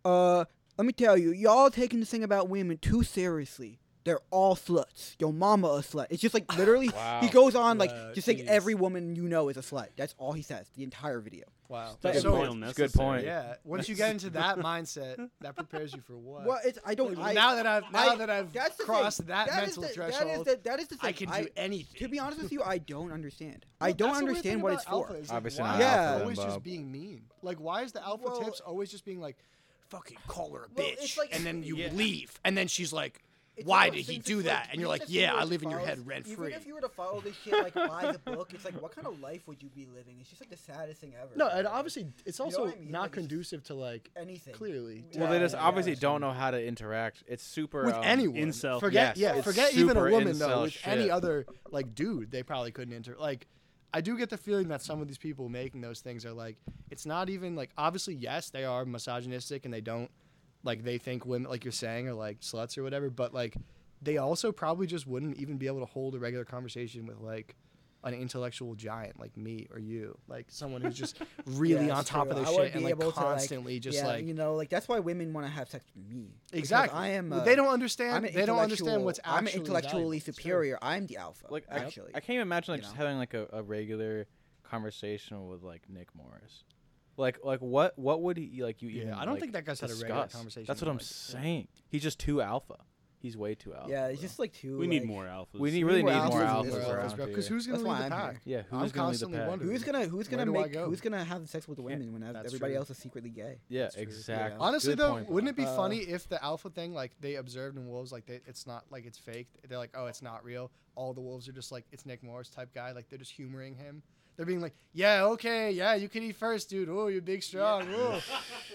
[SPEAKER 1] uh, let me tell you, y'all taking this thing about women too seriously. They're all sluts. Your mama a slut. It's just like literally he goes on like just saying every woman you know is a slut. That's all he says the entire video.
[SPEAKER 2] Wow.
[SPEAKER 3] Doesn't
[SPEAKER 2] So-
[SPEAKER 3] feel
[SPEAKER 4] It's a good
[SPEAKER 3] necessary.
[SPEAKER 4] point.
[SPEAKER 2] yeah. Once you get into that mindset, that prepares you for what?
[SPEAKER 1] Well, it's I don't. I,
[SPEAKER 2] Uh, now that I've now
[SPEAKER 1] I-
[SPEAKER 2] that I've
[SPEAKER 1] that's the thing.
[SPEAKER 2] crossed
[SPEAKER 1] That
[SPEAKER 2] that,
[SPEAKER 1] is
[SPEAKER 2] mental
[SPEAKER 1] the-
[SPEAKER 2] threshold,
[SPEAKER 1] That is the, that is the thing.
[SPEAKER 2] I can do anything.
[SPEAKER 1] To be honest with you, I don't understand. I don't understand what it's for.
[SPEAKER 4] Obviously
[SPEAKER 1] not
[SPEAKER 2] why
[SPEAKER 1] alpha
[SPEAKER 2] is it
[SPEAKER 1] then,
[SPEAKER 2] always just
[SPEAKER 4] Bob.
[SPEAKER 2] being mean. Like, why is the alpha
[SPEAKER 1] Well-
[SPEAKER 2] tips always just being like, "Fucking call her a
[SPEAKER 1] Well,
[SPEAKER 2] bitch,"
[SPEAKER 1] it's like-
[SPEAKER 2] and then you
[SPEAKER 3] Yeah.
[SPEAKER 2] leave, and then she's like,
[SPEAKER 1] It's one
[SPEAKER 2] "Why
[SPEAKER 1] of
[SPEAKER 2] did
[SPEAKER 1] those
[SPEAKER 2] he
[SPEAKER 1] things
[SPEAKER 2] do
[SPEAKER 1] that's
[SPEAKER 2] that?" and
[SPEAKER 1] even
[SPEAKER 2] you're like,
[SPEAKER 1] if you
[SPEAKER 2] "Yeah,
[SPEAKER 1] were
[SPEAKER 2] I
[SPEAKER 1] to
[SPEAKER 2] live in your
[SPEAKER 1] follow
[SPEAKER 2] head
[SPEAKER 1] this-
[SPEAKER 2] rent free."
[SPEAKER 1] Even if you were to follow this shit like by the book, it's like what kind of life would you be living? It's just like the saddest thing ever.
[SPEAKER 8] No,
[SPEAKER 1] man.
[SPEAKER 8] and obviously it's
[SPEAKER 1] know
[SPEAKER 8] also
[SPEAKER 1] what I mean?
[SPEAKER 8] not
[SPEAKER 1] Like, it's just-
[SPEAKER 8] conducive to like
[SPEAKER 1] anything.
[SPEAKER 8] clearly.
[SPEAKER 4] Well, they
[SPEAKER 1] Yeah,
[SPEAKER 4] just
[SPEAKER 1] yeah,
[SPEAKER 4] obviously don't know how to interact. It's super
[SPEAKER 2] with
[SPEAKER 4] um,
[SPEAKER 2] anyone,
[SPEAKER 3] Incel.
[SPEAKER 2] forget
[SPEAKER 4] Yes,
[SPEAKER 2] yeah,
[SPEAKER 4] it's
[SPEAKER 2] forget even a
[SPEAKER 4] super
[SPEAKER 2] woman though.
[SPEAKER 4] incel
[SPEAKER 2] With
[SPEAKER 4] shit.
[SPEAKER 2] any other like dude, they probably couldn't enter. Like, I do get the feeling that some of these people making those things are like, it's not even like obviously yes, they are misogynistic and they don't like they think women like you're saying are like sluts or whatever, but like they also probably just wouldn't even be able to hold a regular conversation with like an intellectual giant like me or you, like someone who's just really
[SPEAKER 1] Yeah,
[SPEAKER 2] on
[SPEAKER 1] it's
[SPEAKER 2] top
[SPEAKER 1] true.
[SPEAKER 2] of
[SPEAKER 1] I
[SPEAKER 2] their
[SPEAKER 1] wanna
[SPEAKER 2] shit and
[SPEAKER 1] be
[SPEAKER 2] like
[SPEAKER 1] able to,
[SPEAKER 2] constantly just
[SPEAKER 1] yeah,
[SPEAKER 2] like
[SPEAKER 1] you know like that's why women want to have sex with me. because
[SPEAKER 2] Exactly.
[SPEAKER 1] I am.
[SPEAKER 2] Well,
[SPEAKER 1] uh,
[SPEAKER 2] they don't understand.
[SPEAKER 1] I'm an
[SPEAKER 2] they don't understand what's
[SPEAKER 1] intellectual-
[SPEAKER 2] actually.
[SPEAKER 1] I'm intellectually
[SPEAKER 2] valuable. It's true.
[SPEAKER 1] superior. I'm the alpha.
[SPEAKER 4] Like I,
[SPEAKER 1] actually,
[SPEAKER 4] I can't even imagine like
[SPEAKER 1] you
[SPEAKER 4] just
[SPEAKER 1] know?
[SPEAKER 4] having like a, a regular conversation with like Nick Morris. Like like what what would he like you
[SPEAKER 2] Yeah,
[SPEAKER 4] even?
[SPEAKER 2] I don't
[SPEAKER 4] like,
[SPEAKER 2] think that guy's had a regular
[SPEAKER 4] discuss?
[SPEAKER 2] conversation
[SPEAKER 4] That's what
[SPEAKER 2] with,
[SPEAKER 4] I'm
[SPEAKER 2] like, yeah.
[SPEAKER 4] saying. He's just too alpha. He's way too alpha.
[SPEAKER 1] yeah,
[SPEAKER 4] bro.
[SPEAKER 1] it's just like too.
[SPEAKER 3] We need
[SPEAKER 1] like-
[SPEAKER 3] more alphas.
[SPEAKER 4] we need, really
[SPEAKER 1] more
[SPEAKER 4] need more
[SPEAKER 1] alphas in
[SPEAKER 4] alphas,
[SPEAKER 1] this world.
[SPEAKER 4] around here.
[SPEAKER 2] Because who's gonna
[SPEAKER 1] That's
[SPEAKER 2] lead
[SPEAKER 1] why
[SPEAKER 2] the
[SPEAKER 1] I'm
[SPEAKER 2] pack?
[SPEAKER 4] Yeah, who's
[SPEAKER 2] I'm
[SPEAKER 4] gonna lead the
[SPEAKER 2] constantly
[SPEAKER 4] pack?
[SPEAKER 2] wondering.
[SPEAKER 1] Who's gonna Who's
[SPEAKER 2] Where
[SPEAKER 1] gonna
[SPEAKER 2] do I
[SPEAKER 1] make
[SPEAKER 2] go?
[SPEAKER 1] Who's gonna have sex with women when ev-
[SPEAKER 2] that's
[SPEAKER 1] everybody
[SPEAKER 2] true.
[SPEAKER 1] else is secretly gay?
[SPEAKER 4] yeah,
[SPEAKER 2] true. Yeah.
[SPEAKER 4] exactly.
[SPEAKER 2] Honestly,
[SPEAKER 4] Good
[SPEAKER 2] though,
[SPEAKER 4] point,
[SPEAKER 2] wouldn't it
[SPEAKER 4] Bob.
[SPEAKER 2] be
[SPEAKER 1] Uh,
[SPEAKER 2] funny if the alpha thing, like they observed in wolves, like they, it's not like it's fake. They're like, oh, it's not real. All the wolves are just like it's Nick Morris type guy. Like they're just humoring him. They're being like, yeah, okay, yeah, you can eat first, dude. Oh, you're big, strong. Oh,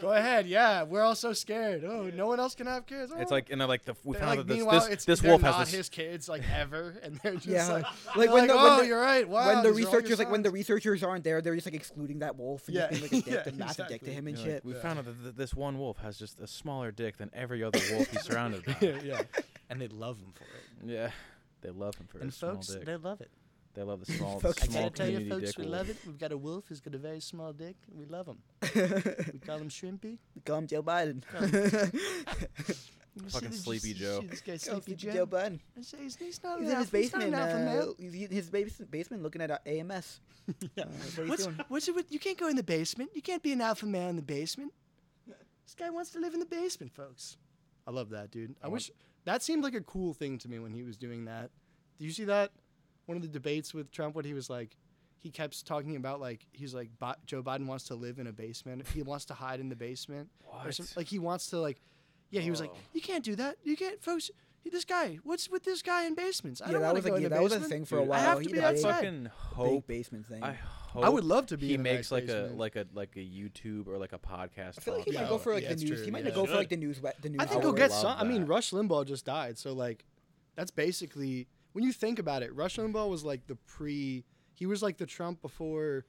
[SPEAKER 2] go ahead. Yeah, we're all so scared. Oh, no one else can have kids.
[SPEAKER 4] It's
[SPEAKER 2] Oh."
[SPEAKER 4] like and they're like the we
[SPEAKER 2] They're
[SPEAKER 4] found
[SPEAKER 2] like,
[SPEAKER 4] out this
[SPEAKER 2] meanwhile,
[SPEAKER 4] this,
[SPEAKER 2] it's
[SPEAKER 4] this
[SPEAKER 2] they're
[SPEAKER 4] wolf
[SPEAKER 2] not
[SPEAKER 4] has this
[SPEAKER 2] his kids, like ever, and they're just
[SPEAKER 1] Yeah.
[SPEAKER 2] like,
[SPEAKER 1] Like,
[SPEAKER 2] they're
[SPEAKER 1] when
[SPEAKER 2] like,
[SPEAKER 1] the- when
[SPEAKER 2] oh,
[SPEAKER 1] the-
[SPEAKER 2] you're right. Wow,
[SPEAKER 1] when the
[SPEAKER 2] these are all your
[SPEAKER 1] researchers like when the
[SPEAKER 2] signs."
[SPEAKER 1] researchers aren't there, they're just like excluding that wolf and just
[SPEAKER 2] Yeah.
[SPEAKER 1] being like a dick, a
[SPEAKER 2] Yeah,
[SPEAKER 1] massive dick
[SPEAKER 2] exactly.
[SPEAKER 1] to him and
[SPEAKER 4] You're like,
[SPEAKER 1] shit.
[SPEAKER 4] we found out that th- this one wolf has just a smaller dick than every other wolf he's surrounded by.
[SPEAKER 2] yeah, yeah. and they love him for it.
[SPEAKER 4] Yeah, they love him for
[SPEAKER 8] And
[SPEAKER 4] his small
[SPEAKER 8] folks,
[SPEAKER 4] dick.
[SPEAKER 8] they love it.
[SPEAKER 4] They love the small,
[SPEAKER 1] Folks, I
[SPEAKER 8] I
[SPEAKER 4] small
[SPEAKER 8] gotta tell you,
[SPEAKER 4] community
[SPEAKER 8] folks,
[SPEAKER 4] dick
[SPEAKER 8] we
[SPEAKER 4] wolf.
[SPEAKER 8] love it. We've got a wolf who's got a very small dick. We love him. we call him Shrimpy.
[SPEAKER 1] Come Joe Biden.
[SPEAKER 8] You see
[SPEAKER 4] Fucking
[SPEAKER 8] this- you
[SPEAKER 4] Sleepy
[SPEAKER 8] see-
[SPEAKER 4] Joe.
[SPEAKER 8] see this guy,
[SPEAKER 1] Come
[SPEAKER 8] Sleepy
[SPEAKER 1] Joe
[SPEAKER 8] Joe.
[SPEAKER 1] Biden.
[SPEAKER 8] I say, He's he's not an
[SPEAKER 1] He's in his
[SPEAKER 8] alpha- he's not
[SPEAKER 1] basement.
[SPEAKER 8] an alpha
[SPEAKER 1] Uh,
[SPEAKER 8] male.
[SPEAKER 1] he's in his basement, basement looking at uh, AMS. Uh, that's what he's
[SPEAKER 8] What's,
[SPEAKER 1] doing.
[SPEAKER 8] what's it with? You can't go in the basement. You can't be an alpha male in the basement. This guy wants to live in the basement, folks.
[SPEAKER 2] I love that, dude. I wish that seemed like a cool thing to me when he was doing that. Do you see that? One of the debates with Trump, when he was like, he kept talking about like he's like Bi- Joe Biden wants to live in a basement. He wants to hide in the basement. Or some,
[SPEAKER 4] What?
[SPEAKER 2] like he wants to like, yeah. He was like,
[SPEAKER 4] Oh.
[SPEAKER 2] you can't do that. You can't, folks. This guy. What's with this guy in basements? I
[SPEAKER 1] Yeah,
[SPEAKER 2] don't
[SPEAKER 1] that
[SPEAKER 2] wanna
[SPEAKER 1] was
[SPEAKER 2] go
[SPEAKER 1] a,
[SPEAKER 2] in
[SPEAKER 1] yeah,
[SPEAKER 2] the
[SPEAKER 1] that was a
[SPEAKER 2] basement."
[SPEAKER 1] thing for a
[SPEAKER 4] Dude,
[SPEAKER 1] while.
[SPEAKER 2] I have
[SPEAKER 1] he
[SPEAKER 2] to
[SPEAKER 1] did
[SPEAKER 2] be
[SPEAKER 1] a
[SPEAKER 4] I
[SPEAKER 1] big-
[SPEAKER 2] outside.
[SPEAKER 4] fucking
[SPEAKER 1] Big
[SPEAKER 4] hope.
[SPEAKER 1] basement thing.
[SPEAKER 4] I
[SPEAKER 1] I,
[SPEAKER 4] hope.
[SPEAKER 2] would love to be
[SPEAKER 4] He
[SPEAKER 2] in a
[SPEAKER 4] makes
[SPEAKER 2] nice
[SPEAKER 4] like a
[SPEAKER 2] basement.
[SPEAKER 4] like a like a YouTube or like a podcast.
[SPEAKER 1] feel like he
[SPEAKER 4] talk
[SPEAKER 1] might
[SPEAKER 4] show.
[SPEAKER 1] go for like
[SPEAKER 2] Yeah,
[SPEAKER 1] the
[SPEAKER 2] it's
[SPEAKER 1] news.
[SPEAKER 2] true,
[SPEAKER 1] He might
[SPEAKER 2] yeah.
[SPEAKER 1] go for like
[SPEAKER 3] Should.
[SPEAKER 1] the news. The news.
[SPEAKER 2] I think
[SPEAKER 4] I
[SPEAKER 2] he'll
[SPEAKER 4] would
[SPEAKER 2] get
[SPEAKER 4] love
[SPEAKER 2] some. I mean,
[SPEAKER 4] that.
[SPEAKER 2] Rush Limbaugh just died, so like, that's basically when you think about it. Rush Limbaugh was like the pre. He was like the Trump before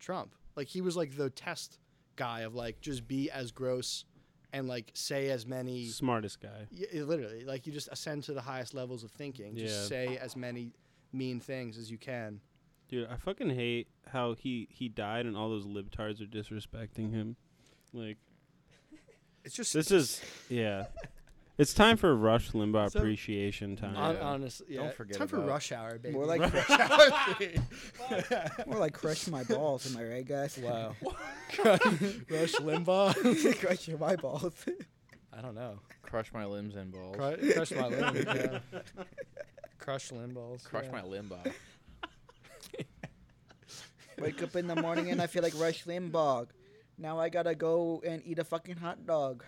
[SPEAKER 2] Trump. Like he was like the test guy of like just be as gross and like say as many.
[SPEAKER 3] Smartest guy.
[SPEAKER 2] y- it- literally, like you just ascend to the highest levels of thinking.
[SPEAKER 3] Yeah.
[SPEAKER 2] Just say as many mean things as you can.
[SPEAKER 3] Dude, I fucking hate how he he died and all those libtards are disrespecting him. Like
[SPEAKER 2] It's just
[SPEAKER 3] this is yeah. It's time for Rush Limbaugh
[SPEAKER 2] So- uh,
[SPEAKER 3] appreciation time.
[SPEAKER 2] hon-
[SPEAKER 4] Yeah.
[SPEAKER 2] honestly. Yeah.
[SPEAKER 4] Don't forget
[SPEAKER 2] Time for
[SPEAKER 4] about-
[SPEAKER 2] rush hour, baby.
[SPEAKER 1] More like
[SPEAKER 2] rush hour.
[SPEAKER 1] more like crush my balls. Am I right, guys?
[SPEAKER 2] wow. rush Limbaugh.
[SPEAKER 1] crush my balls.
[SPEAKER 2] I don't know.
[SPEAKER 4] crush my limbs and balls.
[SPEAKER 2] Cru- crush my limb. yeah. Crush limb balls.
[SPEAKER 4] Crush
[SPEAKER 2] yeah.
[SPEAKER 4] my limbo.
[SPEAKER 1] Wake up in the morning and I feel like Rush Limbaugh. Now I gotta go and eat a fucking hot dog.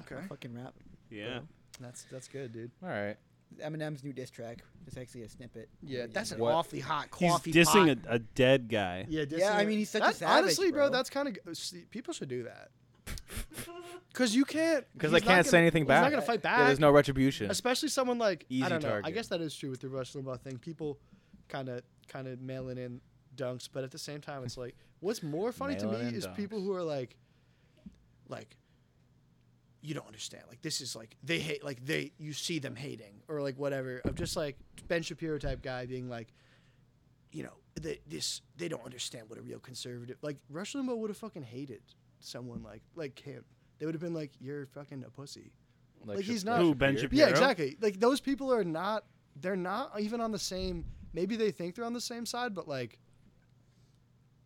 [SPEAKER 2] Okay.
[SPEAKER 1] Fucking rap.
[SPEAKER 3] yeah.
[SPEAKER 2] That's that's good, dude.
[SPEAKER 4] All right.
[SPEAKER 1] Eminem's new diss track. It's actually a snippet.
[SPEAKER 2] Yeah, that's an
[SPEAKER 4] What?
[SPEAKER 2] awfully hot
[SPEAKER 3] He's
[SPEAKER 2] coffee pot.
[SPEAKER 3] dissing a, a dead guy.
[SPEAKER 2] yeah, dissing
[SPEAKER 1] Yeah, I
[SPEAKER 2] a-
[SPEAKER 1] mean, he's such a
[SPEAKER 2] that-
[SPEAKER 1] savage,
[SPEAKER 2] Honestly,
[SPEAKER 1] bro.
[SPEAKER 2] bro, that's kind of people should do that. Cause you can't.
[SPEAKER 4] Because they
[SPEAKER 2] he's not
[SPEAKER 4] can't say
[SPEAKER 2] gonna-
[SPEAKER 4] anything back.
[SPEAKER 2] He's not gonna fight back.
[SPEAKER 4] Yeah, there's no retribution.
[SPEAKER 2] Especially someone like I
[SPEAKER 4] Easy
[SPEAKER 2] don't know. I
[SPEAKER 4] target.
[SPEAKER 2] guess that is true with the Rush Limbaugh thing. People kind of kind of mailing in dunks, but at the same time, it's like what's more funny to
[SPEAKER 4] Mailing in
[SPEAKER 2] me is people
[SPEAKER 4] dunks.
[SPEAKER 2] who are like, like, you don't understand. Like this is like they hate. Like they you see them hating or like whatever. Of just like Ben Shapiro type guy being like, you know, they, this they don't understand what a real conservative like Rush Limbaugh would have fucking hated someone like like him. They would have been like, you're fucking a pussy. Like, he's not-
[SPEAKER 3] Who, Ben Shapiro?
[SPEAKER 2] Yeah, exactly. Like those people are not. They're not even on the same. Maybe they think they're on the same side, but like,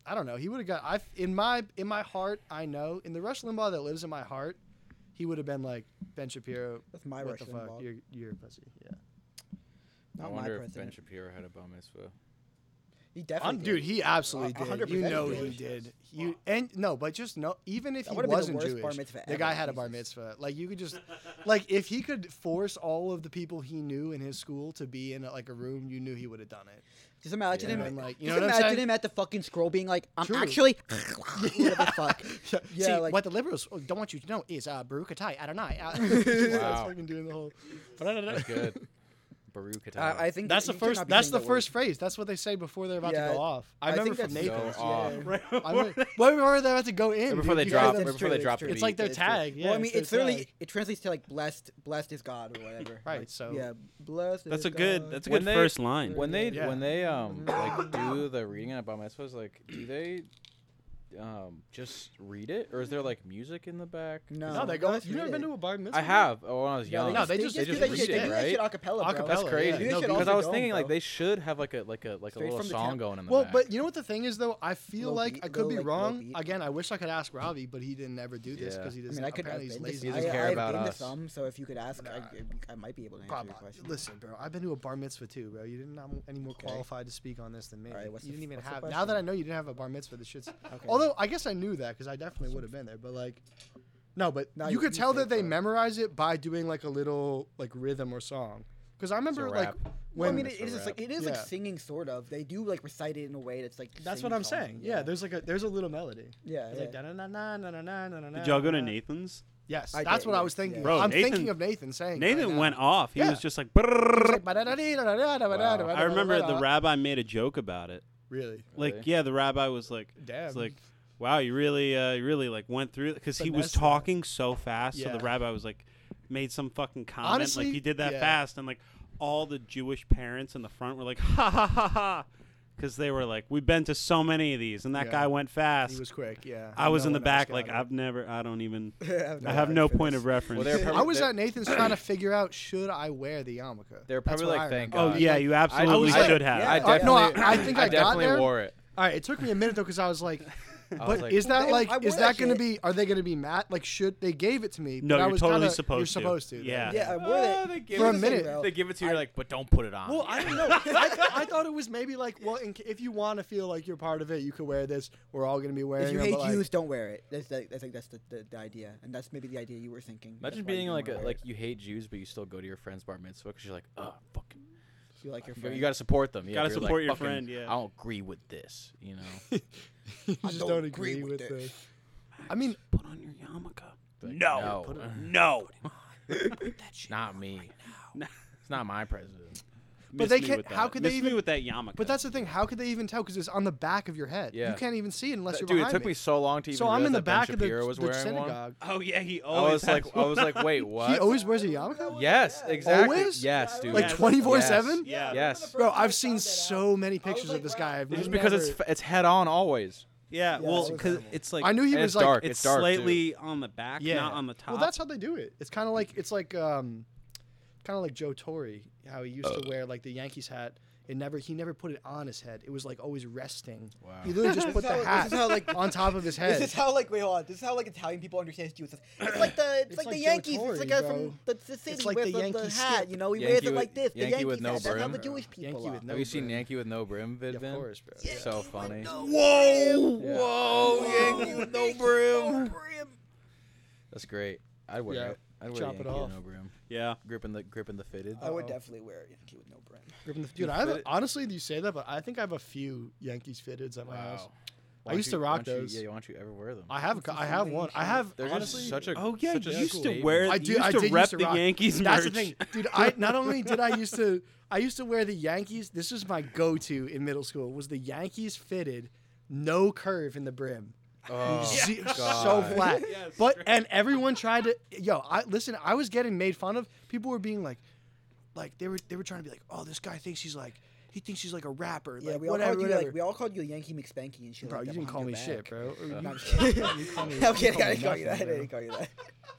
[SPEAKER 2] I don't know. He would have got. I in my in my heart, I know in the Rush Limbaugh that lives in my heart, he would have been like Ben Shapiro.
[SPEAKER 1] That's my
[SPEAKER 2] what
[SPEAKER 1] Rush
[SPEAKER 2] the fuck?
[SPEAKER 1] Limbaugh.
[SPEAKER 2] You're you're a pussy. Yeah.
[SPEAKER 4] I
[SPEAKER 1] Not my
[SPEAKER 4] wonder if Ben
[SPEAKER 1] president.
[SPEAKER 4] Shapiro had a bar mitzvah.
[SPEAKER 1] He
[SPEAKER 2] Un-
[SPEAKER 1] definitely. did.
[SPEAKER 2] dude, he absolutely
[SPEAKER 1] A
[SPEAKER 2] did.
[SPEAKER 1] hundred
[SPEAKER 2] You
[SPEAKER 1] percent
[SPEAKER 2] know
[SPEAKER 1] he
[SPEAKER 2] he
[SPEAKER 1] did.
[SPEAKER 2] did. You and no, but just no. Even if
[SPEAKER 1] That
[SPEAKER 2] he
[SPEAKER 1] would've been the
[SPEAKER 2] wasn't
[SPEAKER 1] worst
[SPEAKER 2] Jewish,
[SPEAKER 1] bar mitzvah
[SPEAKER 2] the guy
[SPEAKER 1] ever,
[SPEAKER 2] had a bar
[SPEAKER 1] Jesus.
[SPEAKER 2] mitzvah. Like you could just, like if he could force all of the people he knew in his school to be in like a room, you knew he would have done it.
[SPEAKER 1] Just imagine
[SPEAKER 2] Yeah.
[SPEAKER 1] him.
[SPEAKER 2] And, like,
[SPEAKER 1] just
[SPEAKER 2] you know what I'm
[SPEAKER 1] imagine
[SPEAKER 2] saying?
[SPEAKER 1] him at the fucking scroll being like, "I'm
[SPEAKER 2] True.
[SPEAKER 1] actually." Whatever the fuck. Yeah,
[SPEAKER 2] See,
[SPEAKER 1] like-
[SPEAKER 2] what the liberals oh, don't want you to know is uh, Barukatai Adonai. Uh, wow.
[SPEAKER 4] Wow.
[SPEAKER 2] fucking doing the whole.
[SPEAKER 4] That's good. Baruch Atah.
[SPEAKER 1] I, I think
[SPEAKER 2] That's
[SPEAKER 1] that
[SPEAKER 2] the
[SPEAKER 1] you cannot
[SPEAKER 2] first.
[SPEAKER 1] be
[SPEAKER 2] That's
[SPEAKER 1] saying
[SPEAKER 2] the
[SPEAKER 1] that word.
[SPEAKER 2] first phrase. That's what they say before they're about
[SPEAKER 1] Yeah,
[SPEAKER 2] to go off. I,
[SPEAKER 1] I
[SPEAKER 2] remember
[SPEAKER 1] think
[SPEAKER 2] from
[SPEAKER 1] that's-
[SPEAKER 2] Nathan's.
[SPEAKER 4] Go off.
[SPEAKER 1] Yeah.
[SPEAKER 3] Right.
[SPEAKER 2] I remember, well, remember they're about to go in.
[SPEAKER 4] before
[SPEAKER 2] dude.
[SPEAKER 4] they
[SPEAKER 2] You
[SPEAKER 4] drop,
[SPEAKER 1] that's
[SPEAKER 2] gotta-
[SPEAKER 4] right before
[SPEAKER 1] true,
[SPEAKER 4] they
[SPEAKER 1] that's
[SPEAKER 4] drop the
[SPEAKER 1] true.
[SPEAKER 4] beat.
[SPEAKER 1] It's
[SPEAKER 2] It's like their
[SPEAKER 1] That's true.
[SPEAKER 2] tag. Yeah,
[SPEAKER 1] well, I mean,
[SPEAKER 2] their
[SPEAKER 1] it's literally
[SPEAKER 2] tag.
[SPEAKER 1] it translates to like blessed, blessed is God or whatever.
[SPEAKER 2] Right, so-
[SPEAKER 1] yeah, blessed.
[SPEAKER 3] That's
[SPEAKER 1] is
[SPEAKER 3] a
[SPEAKER 2] Uh,
[SPEAKER 3] good.
[SPEAKER 1] God.
[SPEAKER 3] That's a
[SPEAKER 4] When
[SPEAKER 3] good
[SPEAKER 4] they-
[SPEAKER 3] first line.
[SPEAKER 4] when they
[SPEAKER 2] Yeah.
[SPEAKER 4] when they
[SPEAKER 1] Mm.
[SPEAKER 4] um like do the reading on a bar mitzvah, is like do they um just read it or is there like music in the back?
[SPEAKER 1] no.
[SPEAKER 2] No, they go.
[SPEAKER 1] that's
[SPEAKER 2] You've never
[SPEAKER 1] good.
[SPEAKER 2] been to a bar mitzvah?
[SPEAKER 4] I have. Oh, when I was
[SPEAKER 1] No,
[SPEAKER 4] young.
[SPEAKER 1] they,
[SPEAKER 2] No,
[SPEAKER 1] just,
[SPEAKER 2] they
[SPEAKER 1] they
[SPEAKER 2] just-
[SPEAKER 1] just,
[SPEAKER 2] they
[SPEAKER 1] do
[SPEAKER 2] just
[SPEAKER 1] that
[SPEAKER 2] read
[SPEAKER 1] shit. They
[SPEAKER 2] it,
[SPEAKER 1] do that shit acapella, bro.
[SPEAKER 2] Acapella,
[SPEAKER 4] That's
[SPEAKER 2] yeah.
[SPEAKER 4] crazy.
[SPEAKER 1] They do that
[SPEAKER 2] No
[SPEAKER 1] shit
[SPEAKER 2] beat.
[SPEAKER 1] off
[SPEAKER 4] Because I
[SPEAKER 1] their
[SPEAKER 4] was
[SPEAKER 1] dome,
[SPEAKER 4] thinking like
[SPEAKER 1] bro.
[SPEAKER 4] they should have like a like a like a
[SPEAKER 1] Straight
[SPEAKER 4] little
[SPEAKER 1] from the
[SPEAKER 4] song
[SPEAKER 1] tap.
[SPEAKER 4] going in the
[SPEAKER 2] Well,
[SPEAKER 4] back.
[SPEAKER 2] but you know what the thing is though, I feel
[SPEAKER 1] Little
[SPEAKER 2] like
[SPEAKER 1] beat-
[SPEAKER 2] I could
[SPEAKER 1] little,
[SPEAKER 2] be
[SPEAKER 1] like, little
[SPEAKER 2] wrong.
[SPEAKER 1] beat.
[SPEAKER 2] Again, I wish I could ask Robbie, but he didn't ever do this
[SPEAKER 4] Yeah.
[SPEAKER 2] because he
[SPEAKER 1] I
[SPEAKER 2] doesn't.
[SPEAKER 1] mean, I could. I've
[SPEAKER 2] apparently he's
[SPEAKER 1] been
[SPEAKER 2] lazy.
[SPEAKER 1] to,
[SPEAKER 4] He
[SPEAKER 1] I,
[SPEAKER 4] doesn't care
[SPEAKER 1] I've
[SPEAKER 4] about
[SPEAKER 1] been
[SPEAKER 4] us.
[SPEAKER 1] to some, so if you could ask, I, I might be able to answer
[SPEAKER 2] Bob,
[SPEAKER 1] your question.
[SPEAKER 2] listen, bro. I've been to a bar mitzvah too, bro. You didn't. I'm any more qualified to speak on this than me.
[SPEAKER 1] All right, what's
[SPEAKER 2] you
[SPEAKER 1] the-
[SPEAKER 2] didn't even
[SPEAKER 1] what's the
[SPEAKER 2] have. Now
[SPEAKER 1] question?
[SPEAKER 2] that I know you didn't have a bar mitzvah, the shit's. Although I guess I knew that because I definitely would have been there. But like, no, but
[SPEAKER 1] Now
[SPEAKER 2] you
[SPEAKER 1] you-
[SPEAKER 2] could
[SPEAKER 1] you
[SPEAKER 2] tell
[SPEAKER 1] say
[SPEAKER 2] that they
[SPEAKER 1] so.
[SPEAKER 2] memorize it by doing like a little like rhythm or song. Because I remember like
[SPEAKER 4] rap.
[SPEAKER 2] when.
[SPEAKER 1] Well, I mean,
[SPEAKER 4] it's
[SPEAKER 1] it
[SPEAKER 4] a
[SPEAKER 1] is just like
[SPEAKER 4] rap.
[SPEAKER 1] it is like
[SPEAKER 2] Yeah.
[SPEAKER 1] singing, sort of. They do like recite it in a way that's like.
[SPEAKER 2] that's what I'm
[SPEAKER 1] sing-song,
[SPEAKER 2] saying. Yeah, there's like a there's a little melody.
[SPEAKER 1] Yeah,
[SPEAKER 2] It's
[SPEAKER 1] yeah.
[SPEAKER 2] like da na na na na na na na.
[SPEAKER 3] Did y'all go to Nathan's?
[SPEAKER 2] Yes,
[SPEAKER 1] I
[SPEAKER 2] that's
[SPEAKER 1] did,
[SPEAKER 2] what I
[SPEAKER 1] yeah,
[SPEAKER 2] was thinking.
[SPEAKER 1] yeah.
[SPEAKER 3] Bro,
[SPEAKER 2] I'm
[SPEAKER 3] Nathan-
[SPEAKER 2] thinking of Nathan saying.
[SPEAKER 3] Nathan
[SPEAKER 2] right now.
[SPEAKER 3] went off. He
[SPEAKER 2] Yeah.
[SPEAKER 3] was just like.
[SPEAKER 2] He was like,
[SPEAKER 3] "Brrrr."
[SPEAKER 2] "Ba-da-da-dee-da-da-da-da-da-da-da-da-da-da-da-da."
[SPEAKER 3] I remember the rabbi made a joke about it.
[SPEAKER 2] Really?
[SPEAKER 3] Like,
[SPEAKER 4] Really?
[SPEAKER 3] yeah, the rabbi was like,
[SPEAKER 2] Damn.
[SPEAKER 3] it's like, wow, you really, uh, you really like went through because he was
[SPEAKER 2] Finessed it.
[SPEAKER 3] talking so fast. So
[SPEAKER 2] Yeah.
[SPEAKER 3] the rabbi was like, made some fucking comment
[SPEAKER 2] Honestly,
[SPEAKER 3] like he did that
[SPEAKER 2] yeah.
[SPEAKER 3] fast, and like all the Jewish parents in the front were like, ha ha ha ha, because they were like, we've been to so many of these, and that
[SPEAKER 2] Yeah.
[SPEAKER 3] guy went
[SPEAKER 2] He
[SPEAKER 3] fast.
[SPEAKER 2] was quick. Yeah.
[SPEAKER 3] I was
[SPEAKER 2] No
[SPEAKER 3] in the
[SPEAKER 2] one else
[SPEAKER 3] back
[SPEAKER 2] got
[SPEAKER 3] like
[SPEAKER 2] it.
[SPEAKER 3] I've never, I don't even,
[SPEAKER 1] have
[SPEAKER 3] I have
[SPEAKER 1] time
[SPEAKER 3] no
[SPEAKER 1] for
[SPEAKER 3] point
[SPEAKER 1] this.
[SPEAKER 3] of reference.
[SPEAKER 4] Well, they're probably-
[SPEAKER 2] I was
[SPEAKER 4] they're-
[SPEAKER 2] at Nathan's trying to figure out should I wear the yarmulke.
[SPEAKER 4] They're
[SPEAKER 2] That's
[SPEAKER 4] probably
[SPEAKER 2] what
[SPEAKER 4] like,
[SPEAKER 2] I
[SPEAKER 4] thank
[SPEAKER 2] remember.
[SPEAKER 3] oh
[SPEAKER 4] God.
[SPEAKER 3] yeah, you absolutely
[SPEAKER 2] was like-
[SPEAKER 3] should have.
[SPEAKER 1] yeah.
[SPEAKER 4] I
[SPEAKER 1] Uh,
[SPEAKER 4] definitely,
[SPEAKER 1] no,
[SPEAKER 2] I- I think I got
[SPEAKER 4] definitely
[SPEAKER 2] there.
[SPEAKER 4] wore it.
[SPEAKER 2] All right, it took me a minute though because I was like,
[SPEAKER 4] I
[SPEAKER 2] but
[SPEAKER 4] was like,
[SPEAKER 2] is that
[SPEAKER 1] They-
[SPEAKER 2] like
[SPEAKER 1] I
[SPEAKER 2] is
[SPEAKER 1] wore
[SPEAKER 2] that
[SPEAKER 1] that
[SPEAKER 2] going to
[SPEAKER 1] shit.
[SPEAKER 2] be? Are they going to be mad? Like, should they gave it to me?
[SPEAKER 3] No,
[SPEAKER 2] but I
[SPEAKER 3] you're
[SPEAKER 2] was
[SPEAKER 3] totally
[SPEAKER 2] kinda-
[SPEAKER 3] supposed to.
[SPEAKER 2] You're supposed to.
[SPEAKER 3] Yeah.
[SPEAKER 1] Yeah, I wore
[SPEAKER 4] "Oh,
[SPEAKER 1] that.
[SPEAKER 4] they give
[SPEAKER 2] For
[SPEAKER 4] it
[SPEAKER 2] a
[SPEAKER 4] to you."
[SPEAKER 2] minute.
[SPEAKER 1] bro.
[SPEAKER 4] They give it to you, you're like, but don't put it on.
[SPEAKER 2] Well, I don't know. I, I thought it was maybe like, well, in, ca- if you want to feel like you're part of it, you could wear this. We're all going to be wearing.
[SPEAKER 1] If you
[SPEAKER 2] them,
[SPEAKER 1] hate
[SPEAKER 2] but, like,
[SPEAKER 1] Jews, don't wear it. That's the, I think that's the, the, the idea, and that's maybe the idea you were thinking. That's
[SPEAKER 4] Imagine
[SPEAKER 1] why you
[SPEAKER 4] being
[SPEAKER 1] didn't
[SPEAKER 4] like a,
[SPEAKER 1] wanna wear
[SPEAKER 4] like
[SPEAKER 1] it.
[SPEAKER 4] you hate Jews, but you still go to your friend's bar mitzvah because you're like, oh, fucking.
[SPEAKER 1] you like your
[SPEAKER 4] You gotta-
[SPEAKER 1] friend.
[SPEAKER 4] You gotta support them. Yeah,
[SPEAKER 3] Gotta
[SPEAKER 4] if you're like,
[SPEAKER 3] support your
[SPEAKER 4] "Fucking,
[SPEAKER 3] friend, yeah."
[SPEAKER 4] I don't agree with this. You know.
[SPEAKER 2] you just
[SPEAKER 1] don't
[SPEAKER 2] don't
[SPEAKER 1] agree
[SPEAKER 2] agree with
[SPEAKER 1] with
[SPEAKER 2] the.
[SPEAKER 1] this.
[SPEAKER 2] I mean,
[SPEAKER 3] Put on your yarmulke.
[SPEAKER 4] Like,
[SPEAKER 7] No.
[SPEAKER 4] no,
[SPEAKER 7] No.
[SPEAKER 4] not me.
[SPEAKER 3] No.
[SPEAKER 4] It's not my president.
[SPEAKER 2] But
[SPEAKER 3] Miss
[SPEAKER 2] they
[SPEAKER 3] me
[SPEAKER 2] can't-
[SPEAKER 3] with that.
[SPEAKER 2] how could they
[SPEAKER 3] Miss me
[SPEAKER 2] even-
[SPEAKER 3] with that yarmulke?
[SPEAKER 2] but that's the thing. How could they even tell? Because it's on the back of your head.
[SPEAKER 4] Yeah.
[SPEAKER 2] You can't even see it unless you're
[SPEAKER 4] Dude, it
[SPEAKER 2] behind
[SPEAKER 4] took me so long to even.
[SPEAKER 2] So I'm
[SPEAKER 4] realize
[SPEAKER 2] in the
[SPEAKER 4] that ben
[SPEAKER 2] back of the,
[SPEAKER 4] Shapiro was
[SPEAKER 2] the
[SPEAKER 4] wearing one.
[SPEAKER 2] synagogue.
[SPEAKER 3] Oh yeah, he
[SPEAKER 4] I
[SPEAKER 3] always.
[SPEAKER 4] was like,
[SPEAKER 3] has
[SPEAKER 4] I
[SPEAKER 3] one.
[SPEAKER 4] was like, wait, what?
[SPEAKER 2] He always wears a yarmulke.
[SPEAKER 4] yes, exactly.
[SPEAKER 2] Always?
[SPEAKER 4] Yes, dude.
[SPEAKER 2] Like
[SPEAKER 4] Yes.
[SPEAKER 2] 24/7?
[SPEAKER 3] Yeah.
[SPEAKER 4] Yes.
[SPEAKER 2] Bro, I've seen so many pictures of this guy. I've
[SPEAKER 4] Just
[SPEAKER 2] never-
[SPEAKER 4] because it's f- it's head on always.
[SPEAKER 3] Yeah,
[SPEAKER 1] Yeah,
[SPEAKER 3] well,
[SPEAKER 1] it was
[SPEAKER 3] because
[SPEAKER 1] terrible.
[SPEAKER 3] it's like
[SPEAKER 2] I knew he
[SPEAKER 4] and
[SPEAKER 2] was
[SPEAKER 4] it's
[SPEAKER 2] like.
[SPEAKER 4] dark.
[SPEAKER 3] it's,
[SPEAKER 4] dark, too.
[SPEAKER 3] slightly on the back,
[SPEAKER 2] Yeah.
[SPEAKER 3] not on the top.
[SPEAKER 2] Well, that's how they do it. It's kind of like it's like um, kind of like Joe Torre, how he used
[SPEAKER 4] Uh.
[SPEAKER 2] to wear like the Yankees hat. It never he never put it on his head. It was like always resting. Wow. He literally just put the
[SPEAKER 1] how- this
[SPEAKER 2] hat
[SPEAKER 1] is how, like-
[SPEAKER 2] on top of his head.
[SPEAKER 1] This is how like wait hold on. This is how like Italian people understand Jews. It's like the it's,
[SPEAKER 2] It's
[SPEAKER 1] like,
[SPEAKER 2] like
[SPEAKER 1] the
[SPEAKER 2] Joe
[SPEAKER 1] Yankees.
[SPEAKER 2] Torre,
[SPEAKER 1] it's like a,
[SPEAKER 2] bro.
[SPEAKER 1] from the, the city
[SPEAKER 2] like
[SPEAKER 1] with
[SPEAKER 2] the
[SPEAKER 1] the, the,
[SPEAKER 2] Yankee
[SPEAKER 1] hat.
[SPEAKER 2] skip.
[SPEAKER 1] You know, he
[SPEAKER 4] Yankee
[SPEAKER 1] wears it
[SPEAKER 4] with-
[SPEAKER 1] like this. The
[SPEAKER 4] Yankee
[SPEAKER 1] Yankee
[SPEAKER 4] with no
[SPEAKER 1] hat. That's how the
[SPEAKER 4] brim.
[SPEAKER 1] Jewish people
[SPEAKER 2] Yankee
[SPEAKER 1] are.
[SPEAKER 2] with no
[SPEAKER 4] Have you seen
[SPEAKER 2] brim.
[SPEAKER 4] Yankee with no brim, Vid?
[SPEAKER 2] Yeah, of
[SPEAKER 4] Vin?
[SPEAKER 2] course, bro.
[SPEAKER 4] So funny.
[SPEAKER 1] Whoa!
[SPEAKER 4] Whoa, Yankee with no brim. That's great. I'd wear
[SPEAKER 2] Yeah.
[SPEAKER 4] it. I'd wear
[SPEAKER 2] Chop it
[SPEAKER 4] Yankee
[SPEAKER 2] off.
[SPEAKER 4] with no brim.
[SPEAKER 3] yeah.
[SPEAKER 4] Gripping the gripping the fitted.
[SPEAKER 1] I would definitely wear a Yankee with no brim.
[SPEAKER 2] Gripping the- Dude, I have a, honestly, you say that, but I think I have a few Yankees fitteds at my house.
[SPEAKER 4] Why
[SPEAKER 2] I
[SPEAKER 4] don't
[SPEAKER 2] used to
[SPEAKER 4] you- why
[SPEAKER 2] rock
[SPEAKER 4] don't you-
[SPEAKER 2] those.
[SPEAKER 4] yeah, why don't you ever wear them?
[SPEAKER 2] I have a cou- I have one. I have
[SPEAKER 4] They're
[SPEAKER 2] honestly.
[SPEAKER 4] just such a
[SPEAKER 3] Oh yeah,
[SPEAKER 4] such a
[SPEAKER 3] you used to
[SPEAKER 4] staple.
[SPEAKER 3] wear.
[SPEAKER 2] I
[SPEAKER 3] I
[SPEAKER 2] do.
[SPEAKER 3] Used
[SPEAKER 2] I
[SPEAKER 3] to
[SPEAKER 2] did
[SPEAKER 3] rep
[SPEAKER 2] used to
[SPEAKER 3] the
[SPEAKER 2] rock.
[SPEAKER 3] Yankees
[SPEAKER 2] That's
[SPEAKER 3] merch.
[SPEAKER 2] the thing, dude. I not only did I used to, I used to wear the Yankees. This was my go-to in middle school. Was the Yankees fitted, no curve in the brim,
[SPEAKER 4] Oh,
[SPEAKER 2] Ze- so
[SPEAKER 4] God.
[SPEAKER 2] flat. but and everyone tried to. Yo, I listen. I was getting made fun of. People were being like, like they were they were trying to be like, oh, this guy thinks he's like. he thinks he's like a rapper.
[SPEAKER 1] Yeah,
[SPEAKER 2] like,
[SPEAKER 1] we all
[SPEAKER 2] whatever,
[SPEAKER 1] called you
[SPEAKER 2] whatever.
[SPEAKER 1] like we all called you Yankee McSpanky and shit.
[SPEAKER 2] bro,
[SPEAKER 1] like
[SPEAKER 2] you
[SPEAKER 1] that
[SPEAKER 2] didn't
[SPEAKER 1] behind
[SPEAKER 2] call
[SPEAKER 1] your
[SPEAKER 2] me
[SPEAKER 1] back.
[SPEAKER 2] shit, bro.
[SPEAKER 1] No,
[SPEAKER 2] Or you-
[SPEAKER 1] I'm just kidding. I'm kidding. I
[SPEAKER 2] me
[SPEAKER 1] didn't call you that. I
[SPEAKER 2] nothing,
[SPEAKER 1] didn't call you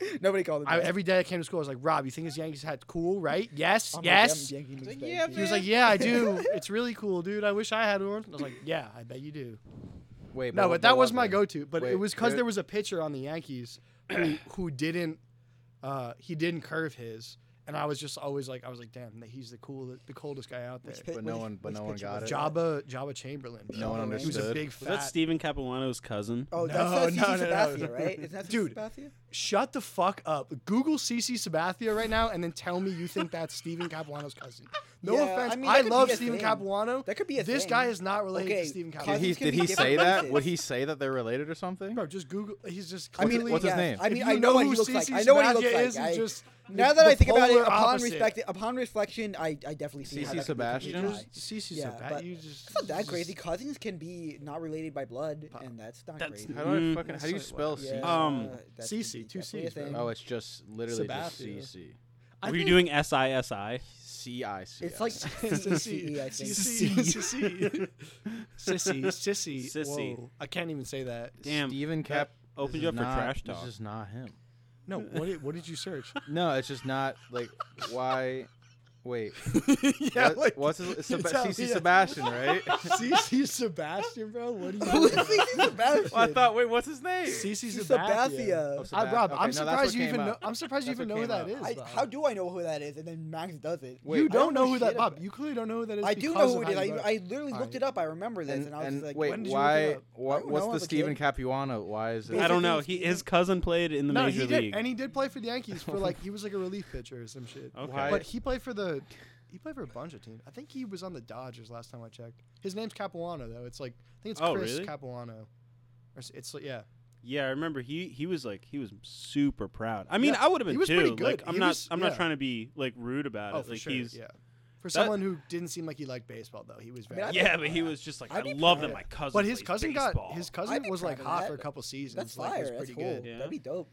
[SPEAKER 1] that. Nobody called him.
[SPEAKER 2] I,
[SPEAKER 1] that.
[SPEAKER 2] every day I came to school, I was like, Rob, you think his Yankees hat cool, right? Yes,
[SPEAKER 1] I'm like,
[SPEAKER 2] yes.
[SPEAKER 1] I'm Yankee McSpanky.
[SPEAKER 2] he was like, Yeah, I do. It's really cool, dude. I wish I had one. I was like, Yeah, I bet you do.
[SPEAKER 4] Wait,
[SPEAKER 2] No,
[SPEAKER 4] what
[SPEAKER 2] but that was
[SPEAKER 4] was
[SPEAKER 2] my
[SPEAKER 4] it?
[SPEAKER 2] go-to. But
[SPEAKER 4] Wait,
[SPEAKER 2] it was because
[SPEAKER 4] there-
[SPEAKER 2] there was a pitcher on the Yankees who who didn't uh, he didn't curve his, and I was just always like I was like, damn, that he's the cool the coldest guy out there.
[SPEAKER 1] Which pit-
[SPEAKER 4] But no
[SPEAKER 1] which-
[SPEAKER 4] one- but
[SPEAKER 1] which
[SPEAKER 4] no one
[SPEAKER 1] picture
[SPEAKER 4] got
[SPEAKER 1] was
[SPEAKER 4] it.
[SPEAKER 1] that?
[SPEAKER 2] Jabba Jabba Chamberlain. bro.
[SPEAKER 4] No one
[SPEAKER 1] Jabba
[SPEAKER 2] He was a
[SPEAKER 4] understood.
[SPEAKER 2] big
[SPEAKER 3] Was that
[SPEAKER 2] fat.
[SPEAKER 3] Stephen Capuano's cousin?
[SPEAKER 1] Oh,
[SPEAKER 2] No,
[SPEAKER 1] that's CC
[SPEAKER 2] no, no, no.
[SPEAKER 1] Sabathia, right? Isn't that
[SPEAKER 2] Dude.
[SPEAKER 1] Dude. Sabathia?
[SPEAKER 2] Shut the fuck up. Google CC Sabathia right now, and then tell me you think that's Stephen Capuano's cousin. No
[SPEAKER 1] Yeah,
[SPEAKER 2] offense,
[SPEAKER 1] I
[SPEAKER 2] I,
[SPEAKER 1] mean, that could
[SPEAKER 2] love
[SPEAKER 1] be a
[SPEAKER 2] Stephen
[SPEAKER 1] thing.
[SPEAKER 2] Capuano.
[SPEAKER 1] That could be a
[SPEAKER 2] This
[SPEAKER 1] thing.
[SPEAKER 2] guy is not related
[SPEAKER 1] Okay,
[SPEAKER 2] to Stephen
[SPEAKER 1] Did
[SPEAKER 2] Capuano.
[SPEAKER 4] Did he,
[SPEAKER 1] Cousins can
[SPEAKER 4] did
[SPEAKER 1] be
[SPEAKER 4] he
[SPEAKER 1] different
[SPEAKER 4] say that?
[SPEAKER 1] races.
[SPEAKER 4] Would he say that they're related or something?
[SPEAKER 2] Bro, just Google. He's just.
[SPEAKER 1] I mean,
[SPEAKER 2] clearly-
[SPEAKER 4] what's his
[SPEAKER 1] yeah,
[SPEAKER 4] name?
[SPEAKER 1] I
[SPEAKER 2] If
[SPEAKER 1] mean,
[SPEAKER 2] you
[SPEAKER 1] I know, what he
[SPEAKER 2] who
[SPEAKER 1] looks like.
[SPEAKER 2] CC
[SPEAKER 1] I know what he looks
[SPEAKER 2] Sabathia
[SPEAKER 1] like.
[SPEAKER 2] is,
[SPEAKER 1] I,
[SPEAKER 2] it's just
[SPEAKER 1] now
[SPEAKER 2] the-
[SPEAKER 1] that I
[SPEAKER 2] the
[SPEAKER 1] think about it,
[SPEAKER 2] polar
[SPEAKER 1] upon
[SPEAKER 2] opposite.
[SPEAKER 1] respect, upon reflection, I, I definitely see. how
[SPEAKER 4] CC
[SPEAKER 1] that could be a
[SPEAKER 4] Sebastian?
[SPEAKER 2] You
[SPEAKER 1] guy.
[SPEAKER 2] just- CC
[SPEAKER 1] Yeah,
[SPEAKER 2] Sabathia,
[SPEAKER 1] but
[SPEAKER 2] you just-
[SPEAKER 1] It's not that
[SPEAKER 2] just-
[SPEAKER 1] crazy. Cousins can be not related by blood, and that's not
[SPEAKER 2] That's-
[SPEAKER 1] crazy.
[SPEAKER 4] How do I
[SPEAKER 3] Mm.
[SPEAKER 4] fucking? How do you
[SPEAKER 2] That's
[SPEAKER 4] spell
[SPEAKER 2] like-
[SPEAKER 4] C?
[SPEAKER 1] Yeah, uh,
[SPEAKER 3] Um,
[SPEAKER 1] that could
[SPEAKER 2] CC,
[SPEAKER 1] be
[SPEAKER 2] two
[SPEAKER 1] definitely a
[SPEAKER 2] Cs, bro.
[SPEAKER 1] thing.
[SPEAKER 4] Oh, it's just literally just
[SPEAKER 2] Sabathia.
[SPEAKER 4] CC.
[SPEAKER 2] I
[SPEAKER 3] Were you
[SPEAKER 2] think-
[SPEAKER 3] doing SISI?
[SPEAKER 4] C-I-C.
[SPEAKER 1] It's like CCE, I
[SPEAKER 2] E
[SPEAKER 1] think.
[SPEAKER 2] Sissy, sissy, sissy, sissy.
[SPEAKER 3] Sissy.
[SPEAKER 2] Whoa, I can't even say that.
[SPEAKER 3] Damn.
[SPEAKER 4] Steven
[SPEAKER 3] that
[SPEAKER 4] Cap.
[SPEAKER 3] opens
[SPEAKER 4] this
[SPEAKER 3] you
[SPEAKER 4] is
[SPEAKER 3] up for
[SPEAKER 4] not-
[SPEAKER 3] trash talk.
[SPEAKER 4] This is not him.
[SPEAKER 2] No, what did, what did you search?
[SPEAKER 4] No, it's just not like why. Wait,
[SPEAKER 2] yeah,
[SPEAKER 4] what,
[SPEAKER 2] like
[SPEAKER 4] what's his, Seb-
[SPEAKER 2] tell-
[SPEAKER 4] CC
[SPEAKER 2] yeah.
[SPEAKER 4] Sebastian, right?
[SPEAKER 2] CC Sebastian, bro. What do
[SPEAKER 1] Who
[SPEAKER 2] you?
[SPEAKER 1] is CC Sebastian?
[SPEAKER 4] Well, I thought, wait, what's his name?
[SPEAKER 2] CC Sabathia.
[SPEAKER 1] Sabathia.
[SPEAKER 4] Oh,
[SPEAKER 2] I,
[SPEAKER 4] Sebas-
[SPEAKER 2] Rob,
[SPEAKER 4] okay,
[SPEAKER 2] I'm
[SPEAKER 4] no, that's
[SPEAKER 2] surprised
[SPEAKER 4] what
[SPEAKER 2] you even
[SPEAKER 4] came
[SPEAKER 2] know.
[SPEAKER 4] up.
[SPEAKER 2] I'm surprised you
[SPEAKER 4] That's
[SPEAKER 2] even
[SPEAKER 4] what
[SPEAKER 2] know who that
[SPEAKER 4] came
[SPEAKER 2] is.
[SPEAKER 4] up.
[SPEAKER 1] I,
[SPEAKER 2] Rob.
[SPEAKER 1] how do I know who that is? And then Max does it.
[SPEAKER 4] Wait,
[SPEAKER 2] you
[SPEAKER 1] I
[SPEAKER 2] don't know who
[SPEAKER 1] shit
[SPEAKER 2] that
[SPEAKER 1] about
[SPEAKER 2] Bob?
[SPEAKER 1] it.
[SPEAKER 2] You clearly don't know who that is.
[SPEAKER 1] I do
[SPEAKER 2] because
[SPEAKER 1] know who
[SPEAKER 2] of
[SPEAKER 1] it is.
[SPEAKER 2] how you
[SPEAKER 1] I,
[SPEAKER 2] vote.
[SPEAKER 1] I literally
[SPEAKER 2] All
[SPEAKER 1] looked
[SPEAKER 2] right.
[SPEAKER 1] it up. I remember this, and,
[SPEAKER 4] And,
[SPEAKER 1] I was
[SPEAKER 4] and
[SPEAKER 1] just like,
[SPEAKER 4] wait,
[SPEAKER 2] when did you look it
[SPEAKER 4] why?
[SPEAKER 2] up?
[SPEAKER 1] I
[SPEAKER 4] What,
[SPEAKER 1] don't
[SPEAKER 4] what's
[SPEAKER 1] know, I
[SPEAKER 4] the
[SPEAKER 1] was a
[SPEAKER 4] Steven
[SPEAKER 1] kid.
[SPEAKER 4] Capuano? Why is it?
[SPEAKER 3] I don't
[SPEAKER 1] Basically,
[SPEAKER 3] know.
[SPEAKER 1] it's
[SPEAKER 3] He
[SPEAKER 1] Steven-
[SPEAKER 3] his cousin played in the
[SPEAKER 2] No,
[SPEAKER 3] major
[SPEAKER 2] he
[SPEAKER 3] league.
[SPEAKER 2] did, and he did play for the Yankees for like he was like a relief pitcher or some shit.
[SPEAKER 3] okay.
[SPEAKER 4] Why-
[SPEAKER 2] But he played for the, he played for a bunch of teams. I think he was on the Dodgers last time I checked. His name's Capuano though. It's like I think it's
[SPEAKER 3] Oh,
[SPEAKER 2] Chris
[SPEAKER 3] really?
[SPEAKER 2] Capuano. Or s- It's like yeah.
[SPEAKER 3] Yeah, I remember he he was like he was super proud. I mean,
[SPEAKER 2] Yeah,
[SPEAKER 3] I would have
[SPEAKER 2] he
[SPEAKER 3] been
[SPEAKER 2] was
[SPEAKER 3] too.
[SPEAKER 2] pretty good.
[SPEAKER 3] Like I'm
[SPEAKER 2] He
[SPEAKER 3] not
[SPEAKER 2] was-
[SPEAKER 3] I'm
[SPEAKER 2] yeah.
[SPEAKER 3] not trying to be like rude about it.
[SPEAKER 2] Oh, for
[SPEAKER 3] like
[SPEAKER 2] sure.
[SPEAKER 3] he's
[SPEAKER 2] yeah. For someone who didn't seem like he liked baseball though, he was very.
[SPEAKER 1] mean, I
[SPEAKER 2] good.
[SPEAKER 1] bet-
[SPEAKER 3] yeah, but he was just like I
[SPEAKER 1] I'd be
[SPEAKER 3] love
[SPEAKER 1] proud
[SPEAKER 3] that
[SPEAKER 1] of
[SPEAKER 3] my
[SPEAKER 1] it.
[SPEAKER 3] cousin.
[SPEAKER 2] But his
[SPEAKER 3] plays
[SPEAKER 2] cousin
[SPEAKER 3] baseball.
[SPEAKER 2] got his
[SPEAKER 1] I'd
[SPEAKER 2] cousin
[SPEAKER 1] be
[SPEAKER 2] was like
[SPEAKER 1] proud of
[SPEAKER 2] hot
[SPEAKER 1] that.
[SPEAKER 2] for a couple seasons.
[SPEAKER 1] That's
[SPEAKER 2] like, it was
[SPEAKER 1] fire. That's
[SPEAKER 2] pretty
[SPEAKER 1] cool.
[SPEAKER 2] good.
[SPEAKER 3] Yeah.
[SPEAKER 1] That'd be dope.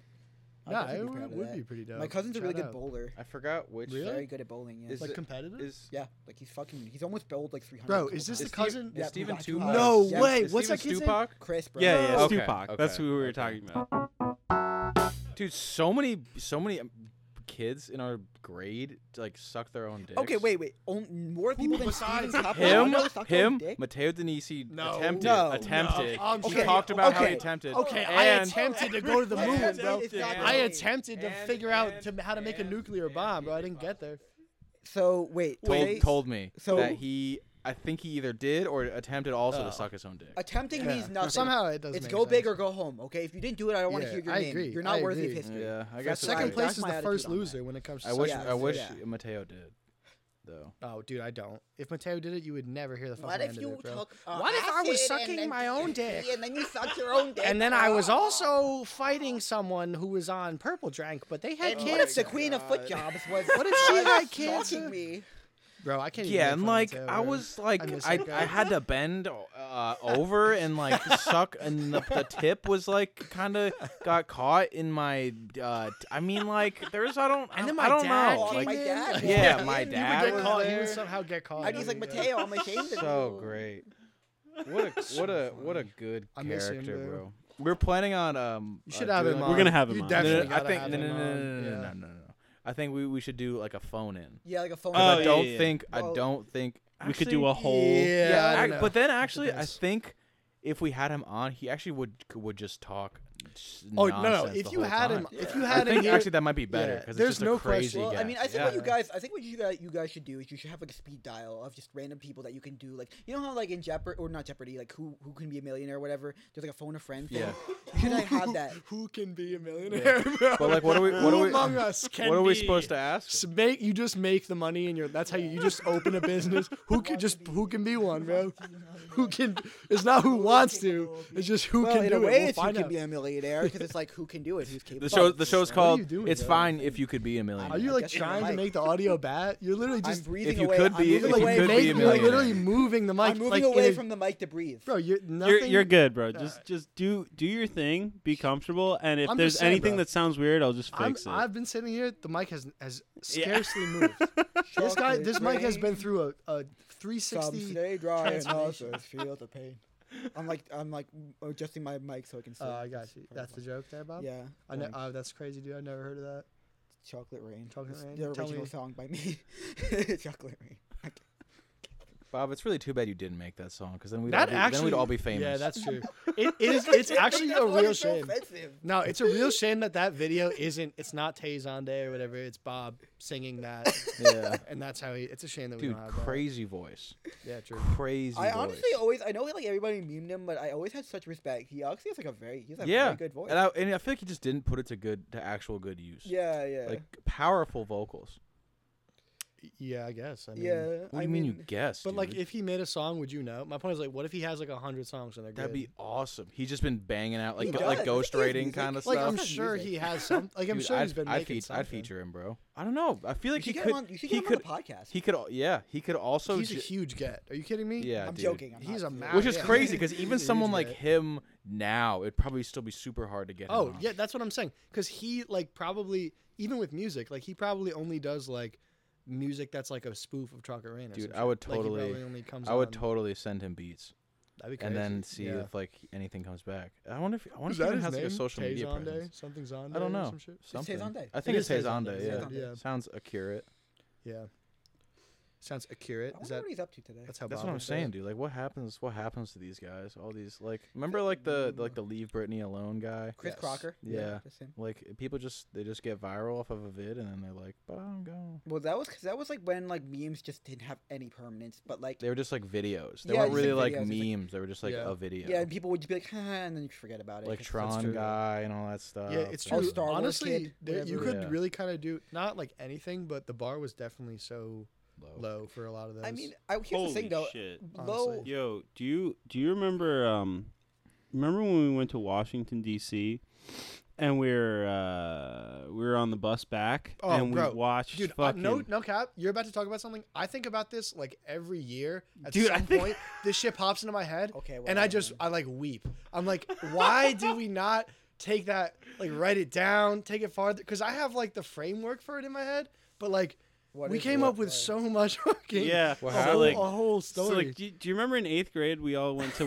[SPEAKER 1] I'd
[SPEAKER 2] Yeah,
[SPEAKER 1] definitely
[SPEAKER 2] it
[SPEAKER 1] be proud
[SPEAKER 2] would,
[SPEAKER 1] of
[SPEAKER 2] would
[SPEAKER 1] that.
[SPEAKER 2] be pretty dope.
[SPEAKER 1] My cousin's a
[SPEAKER 2] Shout
[SPEAKER 1] really good
[SPEAKER 2] out.
[SPEAKER 1] bowler.
[SPEAKER 4] I forgot which.
[SPEAKER 2] Really?
[SPEAKER 1] Very good at bowling. Yeah.
[SPEAKER 4] Is
[SPEAKER 2] Like
[SPEAKER 4] it-
[SPEAKER 2] competitive?
[SPEAKER 4] Is
[SPEAKER 1] yeah. Like he's fucking. He's almost bowled like 300.
[SPEAKER 2] Bro,
[SPEAKER 1] a couple
[SPEAKER 2] is this the
[SPEAKER 1] times.
[SPEAKER 4] Steve-
[SPEAKER 2] cousin?
[SPEAKER 1] Yeah,
[SPEAKER 4] Is Steven
[SPEAKER 1] Tupac.
[SPEAKER 4] Tupac?
[SPEAKER 2] No
[SPEAKER 1] Yeah.
[SPEAKER 2] way.
[SPEAKER 4] Is
[SPEAKER 2] What's that
[SPEAKER 4] Steven
[SPEAKER 2] kid's name?
[SPEAKER 4] Stupak?
[SPEAKER 1] Chris, bro.
[SPEAKER 3] Yeah, yeah, it's
[SPEAKER 4] Okay,
[SPEAKER 3] Tupac. That's
[SPEAKER 4] okay,
[SPEAKER 3] who we were
[SPEAKER 4] okay.
[SPEAKER 3] talking about.
[SPEAKER 4] Dude, so many, so many um, kids in our grade like suck their own dicks.
[SPEAKER 1] Okay, wait, wait. On, more people than Steven
[SPEAKER 2] besides
[SPEAKER 1] Capuano
[SPEAKER 4] Him,
[SPEAKER 1] sucked their own
[SPEAKER 4] him,
[SPEAKER 1] dick?
[SPEAKER 4] Matteo Denisi
[SPEAKER 2] No.
[SPEAKER 4] attempted,
[SPEAKER 1] No.
[SPEAKER 4] attempted.
[SPEAKER 2] No. I'm
[SPEAKER 4] He
[SPEAKER 1] sorry.
[SPEAKER 4] talked about how he
[SPEAKER 1] Okay.
[SPEAKER 4] attempted.
[SPEAKER 2] Okay, I
[SPEAKER 4] and
[SPEAKER 2] attempted to go to the
[SPEAKER 1] That's
[SPEAKER 2] moon,
[SPEAKER 1] not-
[SPEAKER 2] bro.
[SPEAKER 1] it's not
[SPEAKER 2] I
[SPEAKER 4] Yeah.
[SPEAKER 1] the same.
[SPEAKER 2] attempted to
[SPEAKER 4] And-
[SPEAKER 2] figure out
[SPEAKER 4] and-
[SPEAKER 2] to, how to make a
[SPEAKER 4] and-
[SPEAKER 2] nuclear
[SPEAKER 4] and
[SPEAKER 2] bomb, bro. I
[SPEAKER 4] it
[SPEAKER 2] didn't get there.
[SPEAKER 1] So wait,
[SPEAKER 4] told
[SPEAKER 1] today's-
[SPEAKER 4] told me
[SPEAKER 1] so- Oh.
[SPEAKER 4] that he, I think he either did or attempted also to suck his own dick.
[SPEAKER 1] attempting means
[SPEAKER 2] Yeah.
[SPEAKER 1] nothing.
[SPEAKER 2] Somehow it doesn't
[SPEAKER 1] It's
[SPEAKER 2] make
[SPEAKER 1] go big
[SPEAKER 2] sense.
[SPEAKER 1] or go home. Okay, if you didn't do it, I don't want
[SPEAKER 2] Yeah,
[SPEAKER 1] to hear your
[SPEAKER 2] I
[SPEAKER 1] name.
[SPEAKER 2] agree.
[SPEAKER 1] You're not
[SPEAKER 2] I
[SPEAKER 1] worthy of
[SPEAKER 2] agree.
[SPEAKER 1] history.
[SPEAKER 4] Yeah, I
[SPEAKER 1] guess
[SPEAKER 4] guess
[SPEAKER 1] it's
[SPEAKER 2] Second
[SPEAKER 1] right.
[SPEAKER 2] place
[SPEAKER 1] That's
[SPEAKER 2] is
[SPEAKER 1] my
[SPEAKER 2] the
[SPEAKER 1] attitude
[SPEAKER 2] first
[SPEAKER 1] on that.
[SPEAKER 2] loser when it comes to
[SPEAKER 4] I wish,
[SPEAKER 2] sucking
[SPEAKER 1] Yeah,
[SPEAKER 4] I
[SPEAKER 2] dick.
[SPEAKER 4] wish
[SPEAKER 1] yeah.
[SPEAKER 4] Mateo did, though.
[SPEAKER 2] Oh, dude, I don't. If Mateo did it, you would never hear the fucking
[SPEAKER 1] What
[SPEAKER 2] end
[SPEAKER 1] if
[SPEAKER 2] of
[SPEAKER 1] you
[SPEAKER 2] it, bro.
[SPEAKER 1] took? Uh,
[SPEAKER 8] What if I was
[SPEAKER 1] acid and
[SPEAKER 8] sucking
[SPEAKER 1] then
[SPEAKER 8] my own
[SPEAKER 1] DMT,
[SPEAKER 8] dick?
[SPEAKER 1] And then you sucked your own dick.
[SPEAKER 8] And then I was
[SPEAKER 1] Ah.
[SPEAKER 8] also fighting someone who was on Purple Drank, but they had
[SPEAKER 1] And what if
[SPEAKER 8] kids.
[SPEAKER 1] the queen of foot jobs was?
[SPEAKER 8] What if she
[SPEAKER 1] was
[SPEAKER 8] had
[SPEAKER 1] stalking
[SPEAKER 8] cancer?
[SPEAKER 1] Me.
[SPEAKER 2] Bro, I can't. even make
[SPEAKER 4] Yeah, and
[SPEAKER 2] fun of
[SPEAKER 4] like
[SPEAKER 2] Mateo,
[SPEAKER 4] I
[SPEAKER 2] bro.
[SPEAKER 4] was like
[SPEAKER 2] miss
[SPEAKER 4] I,
[SPEAKER 2] that guy.
[SPEAKER 4] I, had to bend uh, over and like suck, and the, the tip was like kind of got caught in my. Uh, t- I mean, like there's I don't I,
[SPEAKER 8] And then my
[SPEAKER 4] I don't
[SPEAKER 8] dad
[SPEAKER 4] know.
[SPEAKER 1] Oh,
[SPEAKER 8] came
[SPEAKER 4] like,
[SPEAKER 1] my dad.
[SPEAKER 4] yeah,
[SPEAKER 1] walked in.
[SPEAKER 4] my
[SPEAKER 1] He would
[SPEAKER 4] dad
[SPEAKER 2] He would
[SPEAKER 4] was
[SPEAKER 2] get caught. He
[SPEAKER 4] there.
[SPEAKER 2] would somehow get caught.
[SPEAKER 1] And he's like,
[SPEAKER 2] Yeah.
[SPEAKER 1] Mateo, I'm ashamed of
[SPEAKER 4] so
[SPEAKER 1] you."
[SPEAKER 4] great. What a what a what a good
[SPEAKER 2] I miss him,
[SPEAKER 4] character,
[SPEAKER 2] dude.
[SPEAKER 4] bro. We are planning on um.
[SPEAKER 2] You should
[SPEAKER 4] uh,
[SPEAKER 2] have
[SPEAKER 4] doing,
[SPEAKER 2] him
[SPEAKER 4] like,
[SPEAKER 2] on.
[SPEAKER 3] We're gonna have him
[SPEAKER 2] You
[SPEAKER 3] on.
[SPEAKER 4] I
[SPEAKER 2] definitely
[SPEAKER 4] think I
[SPEAKER 2] gotta
[SPEAKER 4] think
[SPEAKER 2] have
[SPEAKER 4] no no
[SPEAKER 2] him
[SPEAKER 4] no
[SPEAKER 2] on.
[SPEAKER 4] no no no
[SPEAKER 2] Yeah.
[SPEAKER 4] no no. no. I think we, we should do like a phone in.
[SPEAKER 1] Yeah, like a phone.
[SPEAKER 3] Oh,
[SPEAKER 4] I
[SPEAKER 1] call.
[SPEAKER 3] yeah,
[SPEAKER 4] don't
[SPEAKER 3] yeah.
[SPEAKER 4] think I
[SPEAKER 1] Well,
[SPEAKER 4] don't think
[SPEAKER 3] We could do
[SPEAKER 4] actually-
[SPEAKER 3] a whole.
[SPEAKER 2] Yeah, I
[SPEAKER 4] ac-
[SPEAKER 2] don't know.
[SPEAKER 4] but then actually, I
[SPEAKER 2] depends.
[SPEAKER 4] think if we had him on, he actually would would just talk. s-
[SPEAKER 2] Oh no, no!
[SPEAKER 4] nonsense the
[SPEAKER 2] If you
[SPEAKER 4] whole
[SPEAKER 2] had him,
[SPEAKER 4] time.
[SPEAKER 2] if you
[SPEAKER 4] I
[SPEAKER 2] had him,
[SPEAKER 4] think
[SPEAKER 2] here-
[SPEAKER 4] actually that might be better
[SPEAKER 2] yeah,
[SPEAKER 4] because
[SPEAKER 2] there's
[SPEAKER 4] it's just a
[SPEAKER 2] no question.
[SPEAKER 4] crazy
[SPEAKER 1] Well,
[SPEAKER 4] guy.
[SPEAKER 1] I mean, I think what
[SPEAKER 4] Yeah.
[SPEAKER 1] you guys, I think what you guys, you guys should do is you should have like a speed dial of just random people that you can do, like you know how like in Jeopardy or not Jeopardy, like who who can be a millionaire or whatever. There's like a phone a friend thing.
[SPEAKER 4] Yeah.
[SPEAKER 1] You should like, have that.
[SPEAKER 2] who can be a millionaire? bro?
[SPEAKER 4] But like, what are we? What
[SPEAKER 2] Who
[SPEAKER 4] are we?
[SPEAKER 2] among us can
[SPEAKER 4] What are we
[SPEAKER 2] be?
[SPEAKER 4] supposed to ask?
[SPEAKER 2] S- Make you just make the money and you're that's how you, you just open a business. Who can just who can be one, bro? Who can? It's not who wants to. It's just who
[SPEAKER 1] Well,
[SPEAKER 2] can
[SPEAKER 1] in
[SPEAKER 2] do
[SPEAKER 1] a
[SPEAKER 2] it.
[SPEAKER 1] way,
[SPEAKER 2] We'll
[SPEAKER 1] it's who
[SPEAKER 2] find
[SPEAKER 1] can
[SPEAKER 2] out.
[SPEAKER 1] be a millionaire because it's like who can do it, who's capable.
[SPEAKER 4] The show
[SPEAKER 1] of
[SPEAKER 4] the
[SPEAKER 1] it,
[SPEAKER 4] show's
[SPEAKER 1] you know?
[SPEAKER 4] called
[SPEAKER 2] you doing,
[SPEAKER 4] "It's
[SPEAKER 2] bro?
[SPEAKER 4] Fine If You Could Be a Millionaire."
[SPEAKER 2] Are you like
[SPEAKER 1] guess you're
[SPEAKER 2] trying
[SPEAKER 1] right.
[SPEAKER 2] to make the audio bad? You're literally
[SPEAKER 1] I'm
[SPEAKER 2] just
[SPEAKER 1] breathing
[SPEAKER 4] you
[SPEAKER 1] away.
[SPEAKER 4] could
[SPEAKER 1] I'm
[SPEAKER 4] be-
[SPEAKER 1] moving
[SPEAKER 4] if you
[SPEAKER 1] away
[SPEAKER 4] could
[SPEAKER 1] from
[SPEAKER 4] be a
[SPEAKER 1] the
[SPEAKER 2] you're
[SPEAKER 1] mic.
[SPEAKER 4] millionaire.
[SPEAKER 2] literally moving the mic.
[SPEAKER 1] I'm moving
[SPEAKER 2] like, in
[SPEAKER 1] away
[SPEAKER 2] a-
[SPEAKER 1] from the mic to breathe.
[SPEAKER 2] Bro, you're nothing.
[SPEAKER 3] You're, you're good, bro. Just just do do your thing. Be comfortable, and if
[SPEAKER 2] I'm
[SPEAKER 3] there's
[SPEAKER 2] just saying,
[SPEAKER 3] anything
[SPEAKER 2] bro.
[SPEAKER 3] that sounds weird, I'll just
[SPEAKER 2] I'm,
[SPEAKER 3] fix it.
[SPEAKER 2] I've been sitting here. The mic has has scarcely moved. this guy,
[SPEAKER 1] Chocolate
[SPEAKER 2] this Mike has been
[SPEAKER 1] rain.
[SPEAKER 2] through a, a
[SPEAKER 1] Some
[SPEAKER 2] 360.
[SPEAKER 1] stay dry and
[SPEAKER 2] transformation.
[SPEAKER 1] others feel the pain. I'm like I'm like adjusting my mic so I can see.
[SPEAKER 2] Oh, I got you. That's the joke there, Bob.
[SPEAKER 1] Yeah.
[SPEAKER 2] I ne-
[SPEAKER 1] Like,
[SPEAKER 2] uh, that's crazy, dude. I never heard of that.
[SPEAKER 1] Chocolate Rain.
[SPEAKER 2] Chocolate
[SPEAKER 1] It's
[SPEAKER 2] Rain.
[SPEAKER 1] The
[SPEAKER 2] Tell
[SPEAKER 1] original
[SPEAKER 2] me-
[SPEAKER 1] song by me. Chocolate Rain.
[SPEAKER 4] Bob, it's really too bad you didn't make that song because then we'd all
[SPEAKER 2] That
[SPEAKER 4] be, then
[SPEAKER 2] actually-
[SPEAKER 4] we'd all be famous.
[SPEAKER 2] Yeah, that's true. It is. It's actually a real shame.
[SPEAKER 1] offensive.
[SPEAKER 2] No, it's a real shame that that video isn't. It's not Tayzonde or whatever. It's Bob singing that,
[SPEAKER 4] yeah.
[SPEAKER 2] and that's how he. It's a shame that we
[SPEAKER 4] Dude,
[SPEAKER 2] don't have that.
[SPEAKER 4] crazy voice,
[SPEAKER 2] Yeah, true.
[SPEAKER 4] crazy.
[SPEAKER 1] I
[SPEAKER 4] voice.
[SPEAKER 1] honestly always I know like everybody memed him, but I always had such respect. He actually has like a very he's a
[SPEAKER 4] yeah,
[SPEAKER 1] very good voice.
[SPEAKER 4] and I and I feel like he just didn't put it to good to actual good use.
[SPEAKER 1] yeah, yeah.
[SPEAKER 4] like powerful vocals.
[SPEAKER 2] Yeah, I guess. I mean,
[SPEAKER 1] yeah.
[SPEAKER 4] What
[SPEAKER 1] I
[SPEAKER 4] do you mean, you guessed?
[SPEAKER 2] But like,
[SPEAKER 4] dude?
[SPEAKER 2] if he made a song, would you know? My point is like, what if he has like a hundred songs and they're
[SPEAKER 4] that'd
[SPEAKER 2] good?
[SPEAKER 4] be awesome. He's just been banging out like
[SPEAKER 1] He
[SPEAKER 4] go-
[SPEAKER 1] does. I
[SPEAKER 4] like
[SPEAKER 1] think
[SPEAKER 4] ghost
[SPEAKER 1] he has
[SPEAKER 4] rating
[SPEAKER 1] music.
[SPEAKER 4] kind of
[SPEAKER 2] like
[SPEAKER 4] stuff.
[SPEAKER 2] I'm
[SPEAKER 1] That's
[SPEAKER 2] sure
[SPEAKER 1] music.
[SPEAKER 2] he has some. Like I'm
[SPEAKER 4] Dude,
[SPEAKER 2] sure
[SPEAKER 4] I'd,
[SPEAKER 2] he's been
[SPEAKER 4] I'd,
[SPEAKER 2] making
[SPEAKER 4] feat- I'd
[SPEAKER 2] something.
[SPEAKER 4] feature him, bro. I don't know. I feel
[SPEAKER 1] You
[SPEAKER 4] like
[SPEAKER 1] should
[SPEAKER 4] he
[SPEAKER 1] get
[SPEAKER 4] could.
[SPEAKER 1] him on you should
[SPEAKER 4] he
[SPEAKER 1] get him
[SPEAKER 4] could.
[SPEAKER 1] on the podcast.
[SPEAKER 4] He could. al- Yeah, he could also.
[SPEAKER 2] He's a
[SPEAKER 4] ju-
[SPEAKER 2] huge get. Are you kidding me?
[SPEAKER 4] yeah,
[SPEAKER 1] I'm
[SPEAKER 4] dude.
[SPEAKER 1] joking. I'm
[SPEAKER 2] He's
[SPEAKER 1] not
[SPEAKER 2] a
[SPEAKER 1] serious.
[SPEAKER 2] mad-
[SPEAKER 4] Which is
[SPEAKER 2] Ah, Yeah.
[SPEAKER 4] crazy because even
[SPEAKER 2] He's a
[SPEAKER 4] someone
[SPEAKER 2] huge
[SPEAKER 4] like
[SPEAKER 2] get.
[SPEAKER 4] him now, it'd probably still be super hard to get. him
[SPEAKER 2] Oh
[SPEAKER 4] on.
[SPEAKER 2] yeah, that's what I'm saying. Because he like probably even with music, like he probably only does like music that's like a spoof of Chocolate Rain. Or
[SPEAKER 4] dude.
[SPEAKER 2] some
[SPEAKER 4] I would
[SPEAKER 2] shit. Like, he
[SPEAKER 4] totally.
[SPEAKER 2] probably only comes
[SPEAKER 4] I would
[SPEAKER 2] on-
[SPEAKER 4] totally send him beats
[SPEAKER 2] That'd be
[SPEAKER 4] and
[SPEAKER 2] crazy.
[SPEAKER 4] then see
[SPEAKER 2] Yeah.
[SPEAKER 4] if like anything comes back. I wonder if I wonder
[SPEAKER 2] Is
[SPEAKER 4] if he
[SPEAKER 2] that
[SPEAKER 4] even
[SPEAKER 2] his
[SPEAKER 4] has like a
[SPEAKER 2] name?
[SPEAKER 4] social media
[SPEAKER 2] Tezonde?
[SPEAKER 4] presence.
[SPEAKER 2] Something's on.
[SPEAKER 4] I don't know.
[SPEAKER 2] Some shit?
[SPEAKER 4] Something.
[SPEAKER 1] Tezonde.
[SPEAKER 4] I think
[SPEAKER 2] It
[SPEAKER 4] it's
[SPEAKER 2] is
[SPEAKER 4] Tezonde,
[SPEAKER 2] Tezonde,
[SPEAKER 4] Yeah.
[SPEAKER 1] Tezonde.
[SPEAKER 2] Yeah.
[SPEAKER 4] sounds accurate.
[SPEAKER 2] Yeah. Sounds accurate.
[SPEAKER 1] I
[SPEAKER 2] Is
[SPEAKER 1] wonder
[SPEAKER 2] that
[SPEAKER 1] what he's up to today.
[SPEAKER 2] that's how?
[SPEAKER 4] That's
[SPEAKER 2] Bob
[SPEAKER 4] what I'm
[SPEAKER 2] would say it?
[SPEAKER 4] saying, dude. Like, what happens? What happens to these guys? All these like, remember like the like the leave Britney alone guy?
[SPEAKER 1] Chris
[SPEAKER 2] Yes.
[SPEAKER 1] Crocker.
[SPEAKER 4] Yeah.
[SPEAKER 1] that's him.
[SPEAKER 4] Like people just they just get viral off of a vid and then they're like, but I'm going.
[SPEAKER 1] Well, that was cause that was like when like memes just didn't have any permanence, but like
[SPEAKER 4] They were just like videos. They
[SPEAKER 1] Yeah, just, like,
[SPEAKER 4] weren't really like
[SPEAKER 1] videos. It's, like-
[SPEAKER 4] memes. they were just like
[SPEAKER 2] Yeah.
[SPEAKER 4] a video.
[SPEAKER 1] yeah, and people would just be like, "Huh," and then you forget about it.
[SPEAKER 4] like
[SPEAKER 1] 'cause-
[SPEAKER 4] Tron
[SPEAKER 2] true.
[SPEAKER 4] guy and all that stuff.
[SPEAKER 2] Yeah, it's
[SPEAKER 1] Oh,
[SPEAKER 2] true.
[SPEAKER 1] Star Wars
[SPEAKER 2] Honestly,
[SPEAKER 1] kid,
[SPEAKER 2] there, you
[SPEAKER 4] whatever.
[SPEAKER 2] could
[SPEAKER 4] Uh, Yeah.
[SPEAKER 2] really kind of do not like anything, but the bar was definitely so
[SPEAKER 4] Low.
[SPEAKER 2] low for a lot of those.
[SPEAKER 1] I mean, I, here's
[SPEAKER 3] Holy
[SPEAKER 1] the thing though.
[SPEAKER 3] shit.
[SPEAKER 1] Low.
[SPEAKER 2] Honestly.
[SPEAKER 3] Yo, do you do you remember um remember when we went to Washington D.C. and we were uh, we were on the bus back
[SPEAKER 2] Oh,
[SPEAKER 3] and we
[SPEAKER 2] bro.
[SPEAKER 3] watched
[SPEAKER 2] Dude, I-
[SPEAKER 3] fucking
[SPEAKER 2] no, no cap. You're about to talk about something. I think about this like every year. At
[SPEAKER 3] Dude,
[SPEAKER 2] some
[SPEAKER 3] I think-
[SPEAKER 2] point, this shit pops into my head.
[SPEAKER 1] Okay,
[SPEAKER 2] and I
[SPEAKER 1] whatever,
[SPEAKER 2] just,
[SPEAKER 1] man.
[SPEAKER 2] I like weep. I'm like, why did we not take that? Like, write it down, take it farther. Because I have like the framework for it in my head, but like,
[SPEAKER 1] What
[SPEAKER 2] we
[SPEAKER 1] is
[SPEAKER 2] came
[SPEAKER 1] what,
[SPEAKER 2] up with
[SPEAKER 1] like-
[SPEAKER 2] so much fucking
[SPEAKER 3] yeah.
[SPEAKER 4] What
[SPEAKER 2] a, whole,
[SPEAKER 3] So like,
[SPEAKER 4] happened?
[SPEAKER 2] a whole
[SPEAKER 3] so
[SPEAKER 2] story.
[SPEAKER 3] like, do, do you remember in eighth grade we all went to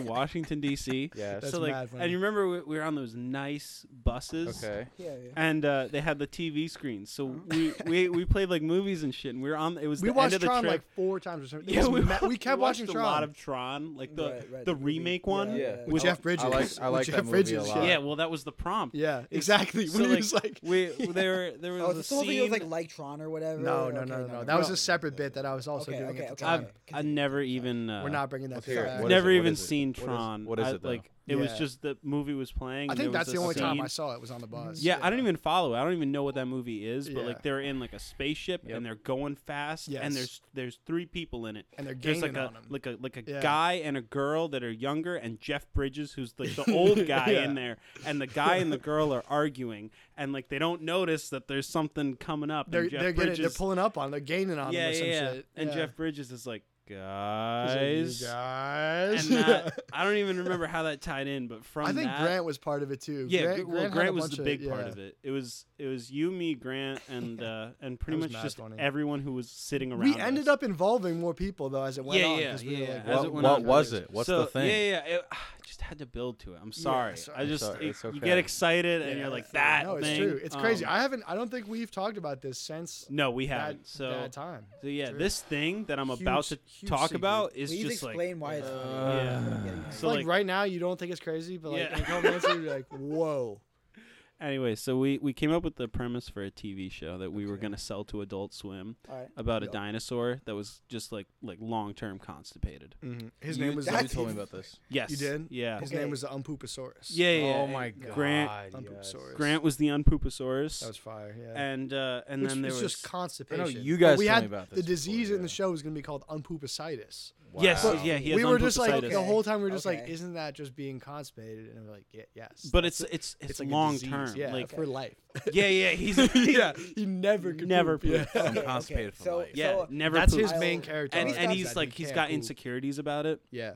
[SPEAKER 3] Washington D.C.
[SPEAKER 4] Yes.
[SPEAKER 2] That's
[SPEAKER 3] so like,
[SPEAKER 2] mad funny.
[SPEAKER 3] and you remember we, we were on those nice buses.
[SPEAKER 4] Okay.
[SPEAKER 1] Yeah, yeah.
[SPEAKER 3] and uh, they had the TV screens. So we, we we played like movies and shit. And we were on. It was
[SPEAKER 2] Oh. we
[SPEAKER 3] the end
[SPEAKER 2] watched
[SPEAKER 3] of the
[SPEAKER 2] Tron
[SPEAKER 3] trip.
[SPEAKER 2] like four times or something. It
[SPEAKER 3] yeah,
[SPEAKER 2] was
[SPEAKER 3] we,
[SPEAKER 2] ma-
[SPEAKER 3] wa-
[SPEAKER 2] we kept
[SPEAKER 3] we watched
[SPEAKER 2] watching
[SPEAKER 3] a lot
[SPEAKER 2] Tron.
[SPEAKER 3] of Tron, like the
[SPEAKER 1] Right, right, the
[SPEAKER 3] the
[SPEAKER 1] movie.
[SPEAKER 3] remake one.
[SPEAKER 1] Yeah. Oh,
[SPEAKER 3] With
[SPEAKER 2] Jeff
[SPEAKER 4] I like
[SPEAKER 2] Bridges.
[SPEAKER 4] I like
[SPEAKER 2] Jeff
[SPEAKER 4] that movie
[SPEAKER 2] Bridges,
[SPEAKER 4] a
[SPEAKER 2] yeah.
[SPEAKER 4] lot.
[SPEAKER 3] Yeah, well, that was the prompt.
[SPEAKER 2] Yeah, exactly.
[SPEAKER 3] So
[SPEAKER 2] when he
[SPEAKER 3] like,
[SPEAKER 2] was like,
[SPEAKER 3] we there there was
[SPEAKER 1] Oh,
[SPEAKER 3] a
[SPEAKER 1] the whole thing
[SPEAKER 3] scene.
[SPEAKER 1] was like Lytron or whatever.
[SPEAKER 2] no,
[SPEAKER 1] Okay,
[SPEAKER 2] no, no, no, no.
[SPEAKER 1] never
[SPEAKER 2] That was
[SPEAKER 1] mind.
[SPEAKER 2] a separate bit that I was also
[SPEAKER 1] Okay,
[SPEAKER 2] doing
[SPEAKER 1] okay,
[SPEAKER 2] at
[SPEAKER 1] okay.
[SPEAKER 2] the time.
[SPEAKER 3] I've I never even uh,
[SPEAKER 2] We're not bringing that
[SPEAKER 4] Let's hear it.
[SPEAKER 2] back.
[SPEAKER 4] What is
[SPEAKER 3] never
[SPEAKER 4] it? What
[SPEAKER 3] even
[SPEAKER 4] is it?
[SPEAKER 3] seen
[SPEAKER 4] What is-
[SPEAKER 3] Tron.
[SPEAKER 4] what is
[SPEAKER 3] I-
[SPEAKER 4] it, though?
[SPEAKER 3] like it was
[SPEAKER 2] Yeah.
[SPEAKER 3] just the movie was playing.
[SPEAKER 2] I
[SPEAKER 3] and there
[SPEAKER 2] think
[SPEAKER 3] was
[SPEAKER 2] that's the
[SPEAKER 3] a
[SPEAKER 2] only time I
[SPEAKER 3] scene-
[SPEAKER 2] saw it was on the bus.
[SPEAKER 3] Yeah, I don't even follow it. I don't even know what that movie is, but
[SPEAKER 2] Yeah.
[SPEAKER 3] like they're in like a spaceship
[SPEAKER 4] Yep.
[SPEAKER 3] and they're going fast
[SPEAKER 2] Yes.
[SPEAKER 3] and there's there's three people in it.
[SPEAKER 2] And they're
[SPEAKER 3] There's like
[SPEAKER 2] gaining
[SPEAKER 3] a
[SPEAKER 2] on 'em.
[SPEAKER 3] like a like a
[SPEAKER 2] Yeah.
[SPEAKER 3] guy and a girl that are younger and Jeff Bridges who's like the old guy
[SPEAKER 2] Yeah.
[SPEAKER 3] in there and the guy and the girl are arguing and like they don't notice that there's something coming up
[SPEAKER 2] They're
[SPEAKER 3] and Jeff
[SPEAKER 2] they're, getting,
[SPEAKER 3] Bridges
[SPEAKER 2] they're pulling up on. They're gaining on
[SPEAKER 3] yeah,
[SPEAKER 2] them or some
[SPEAKER 3] yeah, yeah.
[SPEAKER 2] shit.
[SPEAKER 3] and
[SPEAKER 2] yeah.
[SPEAKER 3] Jeff Bridges is like
[SPEAKER 2] He's like, "You
[SPEAKER 3] guys and
[SPEAKER 2] guys.
[SPEAKER 3] that, I don't even remember how that tied in but from
[SPEAKER 2] I think
[SPEAKER 3] that
[SPEAKER 2] Grant was part of it too.
[SPEAKER 3] yeah,
[SPEAKER 2] Grant,
[SPEAKER 3] Grant, well,
[SPEAKER 2] had a
[SPEAKER 3] Grant was
[SPEAKER 2] bunch
[SPEAKER 3] the big part
[SPEAKER 2] yeah.
[SPEAKER 3] of it. It was it was you, me, Grant, and uh, and pretty
[SPEAKER 2] was
[SPEAKER 3] much
[SPEAKER 2] mad
[SPEAKER 3] just
[SPEAKER 2] funny.
[SPEAKER 3] everyone who was sitting around.
[SPEAKER 2] We ended
[SPEAKER 3] us.
[SPEAKER 2] up involving more people though as it went
[SPEAKER 3] Yeah,
[SPEAKER 2] on
[SPEAKER 3] yeah,
[SPEAKER 2] 'cause we were
[SPEAKER 3] yeah,
[SPEAKER 2] like,
[SPEAKER 3] yeah. As
[SPEAKER 4] What,
[SPEAKER 3] it went
[SPEAKER 4] what
[SPEAKER 3] on.
[SPEAKER 4] was it? What's
[SPEAKER 3] so,
[SPEAKER 4] the thing?
[SPEAKER 3] Yeah, yeah. yeah. It, I just had to build to it. I'm sorry.
[SPEAKER 2] sorry.
[SPEAKER 3] I
[SPEAKER 2] I'm
[SPEAKER 3] just
[SPEAKER 4] sorry.
[SPEAKER 3] it-
[SPEAKER 4] It's
[SPEAKER 3] you
[SPEAKER 4] okay.
[SPEAKER 3] get excited and
[SPEAKER 2] Yeah,
[SPEAKER 3] you're like
[SPEAKER 2] yeah.
[SPEAKER 3] that.
[SPEAKER 2] No, it's
[SPEAKER 3] thing.
[SPEAKER 2] true. It's crazy.
[SPEAKER 3] Um,
[SPEAKER 2] I haven't. I don't think we've talked about this since
[SPEAKER 3] no, we
[SPEAKER 2] that,
[SPEAKER 3] haven't. so
[SPEAKER 2] that time.
[SPEAKER 3] so yeah,
[SPEAKER 2] True.
[SPEAKER 3] this thing that I'm about to
[SPEAKER 2] Huge- huge
[SPEAKER 3] talk
[SPEAKER 2] secret.
[SPEAKER 3] about is
[SPEAKER 1] Please
[SPEAKER 3] just
[SPEAKER 1] explain
[SPEAKER 3] like
[SPEAKER 1] why it's
[SPEAKER 2] Uh,
[SPEAKER 1] funny.
[SPEAKER 3] yeah.
[SPEAKER 1] Yeah.
[SPEAKER 3] so
[SPEAKER 2] So like,
[SPEAKER 3] like
[SPEAKER 2] right now, you don't think it's crazy, but like
[SPEAKER 3] Yeah.
[SPEAKER 2] in a couple minutes, you're like, whoa.
[SPEAKER 3] Anyway, so we, we came up with the premise for a TV show that we were going to sell to Adult Swim
[SPEAKER 1] Alright.
[SPEAKER 3] about a dinosaur that was just like like long term constipated.
[SPEAKER 2] His
[SPEAKER 4] You-
[SPEAKER 2] name was.
[SPEAKER 4] you
[SPEAKER 1] that's-
[SPEAKER 4] told me about this.
[SPEAKER 3] Yes,
[SPEAKER 2] Mm-hmm. You did?
[SPEAKER 3] Yeah,
[SPEAKER 2] His
[SPEAKER 1] Okay.
[SPEAKER 2] name was the Umpooposaurus.
[SPEAKER 3] yeah, yeah.
[SPEAKER 4] oh
[SPEAKER 3] and
[SPEAKER 4] my god.
[SPEAKER 3] Grant
[SPEAKER 4] yes.
[SPEAKER 2] Umpooposaurus.
[SPEAKER 3] Grant was the unpooposaurus,
[SPEAKER 2] That was fire. Yeah.
[SPEAKER 3] and uh, and
[SPEAKER 2] Which
[SPEAKER 3] then there
[SPEAKER 2] was
[SPEAKER 3] was
[SPEAKER 2] just constipation.
[SPEAKER 4] you
[SPEAKER 2] But
[SPEAKER 4] guys
[SPEAKER 2] we
[SPEAKER 4] told
[SPEAKER 2] had
[SPEAKER 4] me about
[SPEAKER 2] the
[SPEAKER 4] this before,
[SPEAKER 2] disease in
[SPEAKER 4] yeah.
[SPEAKER 2] the show was going to be called unpoopicitis.
[SPEAKER 3] yes,
[SPEAKER 4] Wow.
[SPEAKER 3] yeah. He has
[SPEAKER 2] We were just like
[SPEAKER 3] unpoopicitis.
[SPEAKER 2] the whole time we were just like,
[SPEAKER 1] Okay.
[SPEAKER 2] isn't that just being constipated? And we're like, yeah, yes.
[SPEAKER 3] but
[SPEAKER 2] that's
[SPEAKER 3] it's
[SPEAKER 2] it.
[SPEAKER 3] it's it's,
[SPEAKER 2] like a
[SPEAKER 3] long
[SPEAKER 2] disease,
[SPEAKER 3] term.
[SPEAKER 2] Yeah,
[SPEAKER 3] like
[SPEAKER 2] for life.
[SPEAKER 3] yeah, yeah. He's
[SPEAKER 2] yeah, he never could
[SPEAKER 3] Never
[SPEAKER 2] poop, yeah. uh,
[SPEAKER 3] pooped.
[SPEAKER 4] I'm constipated for
[SPEAKER 1] so-
[SPEAKER 4] life.
[SPEAKER 3] yeah,
[SPEAKER 1] So,
[SPEAKER 3] never.
[SPEAKER 2] That's
[SPEAKER 3] pooped.
[SPEAKER 2] his main
[SPEAKER 1] I'll-
[SPEAKER 2] character.
[SPEAKER 3] and
[SPEAKER 2] arc,
[SPEAKER 3] and
[SPEAKER 2] that
[SPEAKER 3] he's
[SPEAKER 2] he
[SPEAKER 3] like he's
[SPEAKER 2] can't
[SPEAKER 3] got
[SPEAKER 2] poop.
[SPEAKER 3] insecurities about it.
[SPEAKER 2] Yeah.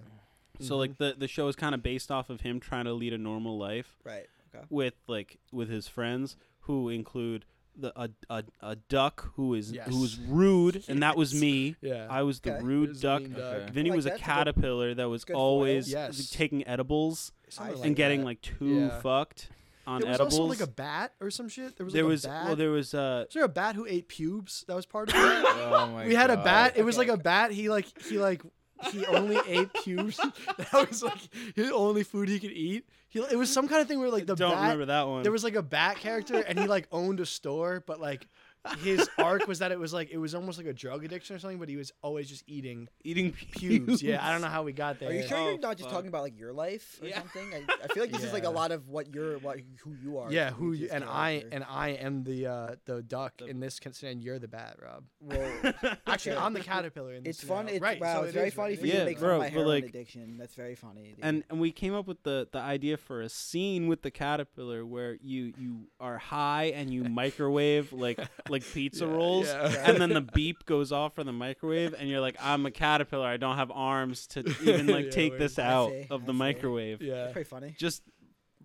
[SPEAKER 3] So like
[SPEAKER 2] Mm-hmm.
[SPEAKER 3] the the show is kind of based off of him trying to lead a normal life
[SPEAKER 1] Right. Okay.
[SPEAKER 3] with like with his friends who include the a a, a duck who is
[SPEAKER 2] Yes.
[SPEAKER 3] who was rude, and that was me.
[SPEAKER 2] Yeah.
[SPEAKER 3] I was the
[SPEAKER 1] Okay.
[SPEAKER 3] rude
[SPEAKER 2] This
[SPEAKER 3] duck.
[SPEAKER 2] mean
[SPEAKER 4] Okay.
[SPEAKER 3] Vinny
[SPEAKER 1] Like,
[SPEAKER 3] was a
[SPEAKER 1] that's a good-
[SPEAKER 3] caterpillar that was
[SPEAKER 1] good
[SPEAKER 3] always
[SPEAKER 2] foil. Yes.
[SPEAKER 3] taking edibles
[SPEAKER 2] Something
[SPEAKER 1] I
[SPEAKER 2] like
[SPEAKER 3] and getting
[SPEAKER 2] that.
[SPEAKER 3] like too
[SPEAKER 2] Yeah.
[SPEAKER 3] fucked on
[SPEAKER 2] There was
[SPEAKER 3] edibles.
[SPEAKER 2] also like a bat or some shit. There was
[SPEAKER 3] there
[SPEAKER 2] like
[SPEAKER 3] was
[SPEAKER 2] a bat.
[SPEAKER 3] well, there was uh,
[SPEAKER 2] was there a bat who ate pubes? That was part of it.
[SPEAKER 4] Oh my
[SPEAKER 2] we had a
[SPEAKER 4] God.
[SPEAKER 2] bat. It was
[SPEAKER 1] Okay.
[SPEAKER 2] like a bat. He like he like he only ate pubes. That was like his only food he could eat. He it was some kind of thing where like the
[SPEAKER 3] don't
[SPEAKER 2] bat.
[SPEAKER 3] remember that one.
[SPEAKER 2] There was like a bat character, and he like owned a store, but like his arc was that it was like it was almost like a drug addiction or something. But he was always just eating
[SPEAKER 3] eating
[SPEAKER 2] pubes. Yeah, I don't know how we got there.
[SPEAKER 1] Are you sure
[SPEAKER 3] Oh,
[SPEAKER 1] you're not just
[SPEAKER 3] fuck.
[SPEAKER 1] talking about like your life or
[SPEAKER 3] Yeah.
[SPEAKER 1] something? I, I feel like this is like
[SPEAKER 2] Yeah.
[SPEAKER 1] a lot of what you're, what who you are.
[SPEAKER 2] Yeah,
[SPEAKER 1] to
[SPEAKER 2] who
[SPEAKER 1] this
[SPEAKER 2] you, and I
[SPEAKER 1] character.
[SPEAKER 2] and I am the uh, the duck in this concern. and You're the bat, Rob.
[SPEAKER 1] Well,
[SPEAKER 2] Actually,
[SPEAKER 1] Okay.
[SPEAKER 2] I'm the caterpillar in this.
[SPEAKER 1] it's fun.
[SPEAKER 2] scenario.
[SPEAKER 1] It's
[SPEAKER 2] right.
[SPEAKER 1] wow,
[SPEAKER 2] so
[SPEAKER 1] it's
[SPEAKER 2] it
[SPEAKER 1] very
[SPEAKER 2] is
[SPEAKER 1] funny
[SPEAKER 2] right.
[SPEAKER 1] for you
[SPEAKER 3] Yeah,
[SPEAKER 1] to make fun
[SPEAKER 3] bro,
[SPEAKER 1] of my
[SPEAKER 3] but,
[SPEAKER 1] heroin
[SPEAKER 3] like-
[SPEAKER 1] addiction. That's very funny. dude.
[SPEAKER 3] and and we came up with the the idea for a scene with the caterpillar where you you are high and you microwave like like pizza rolls
[SPEAKER 2] yeah.
[SPEAKER 3] and then the beep goes off from the microwave and you're like I'm a caterpillar I don't have arms to even like
[SPEAKER 2] Yeah,
[SPEAKER 3] take
[SPEAKER 2] wait.
[SPEAKER 3] this
[SPEAKER 1] I
[SPEAKER 3] out
[SPEAKER 1] see,
[SPEAKER 3] of
[SPEAKER 1] I
[SPEAKER 3] the
[SPEAKER 1] see.
[SPEAKER 3] microwave
[SPEAKER 1] That's
[SPEAKER 2] Yeah.
[SPEAKER 1] pretty funny.
[SPEAKER 3] just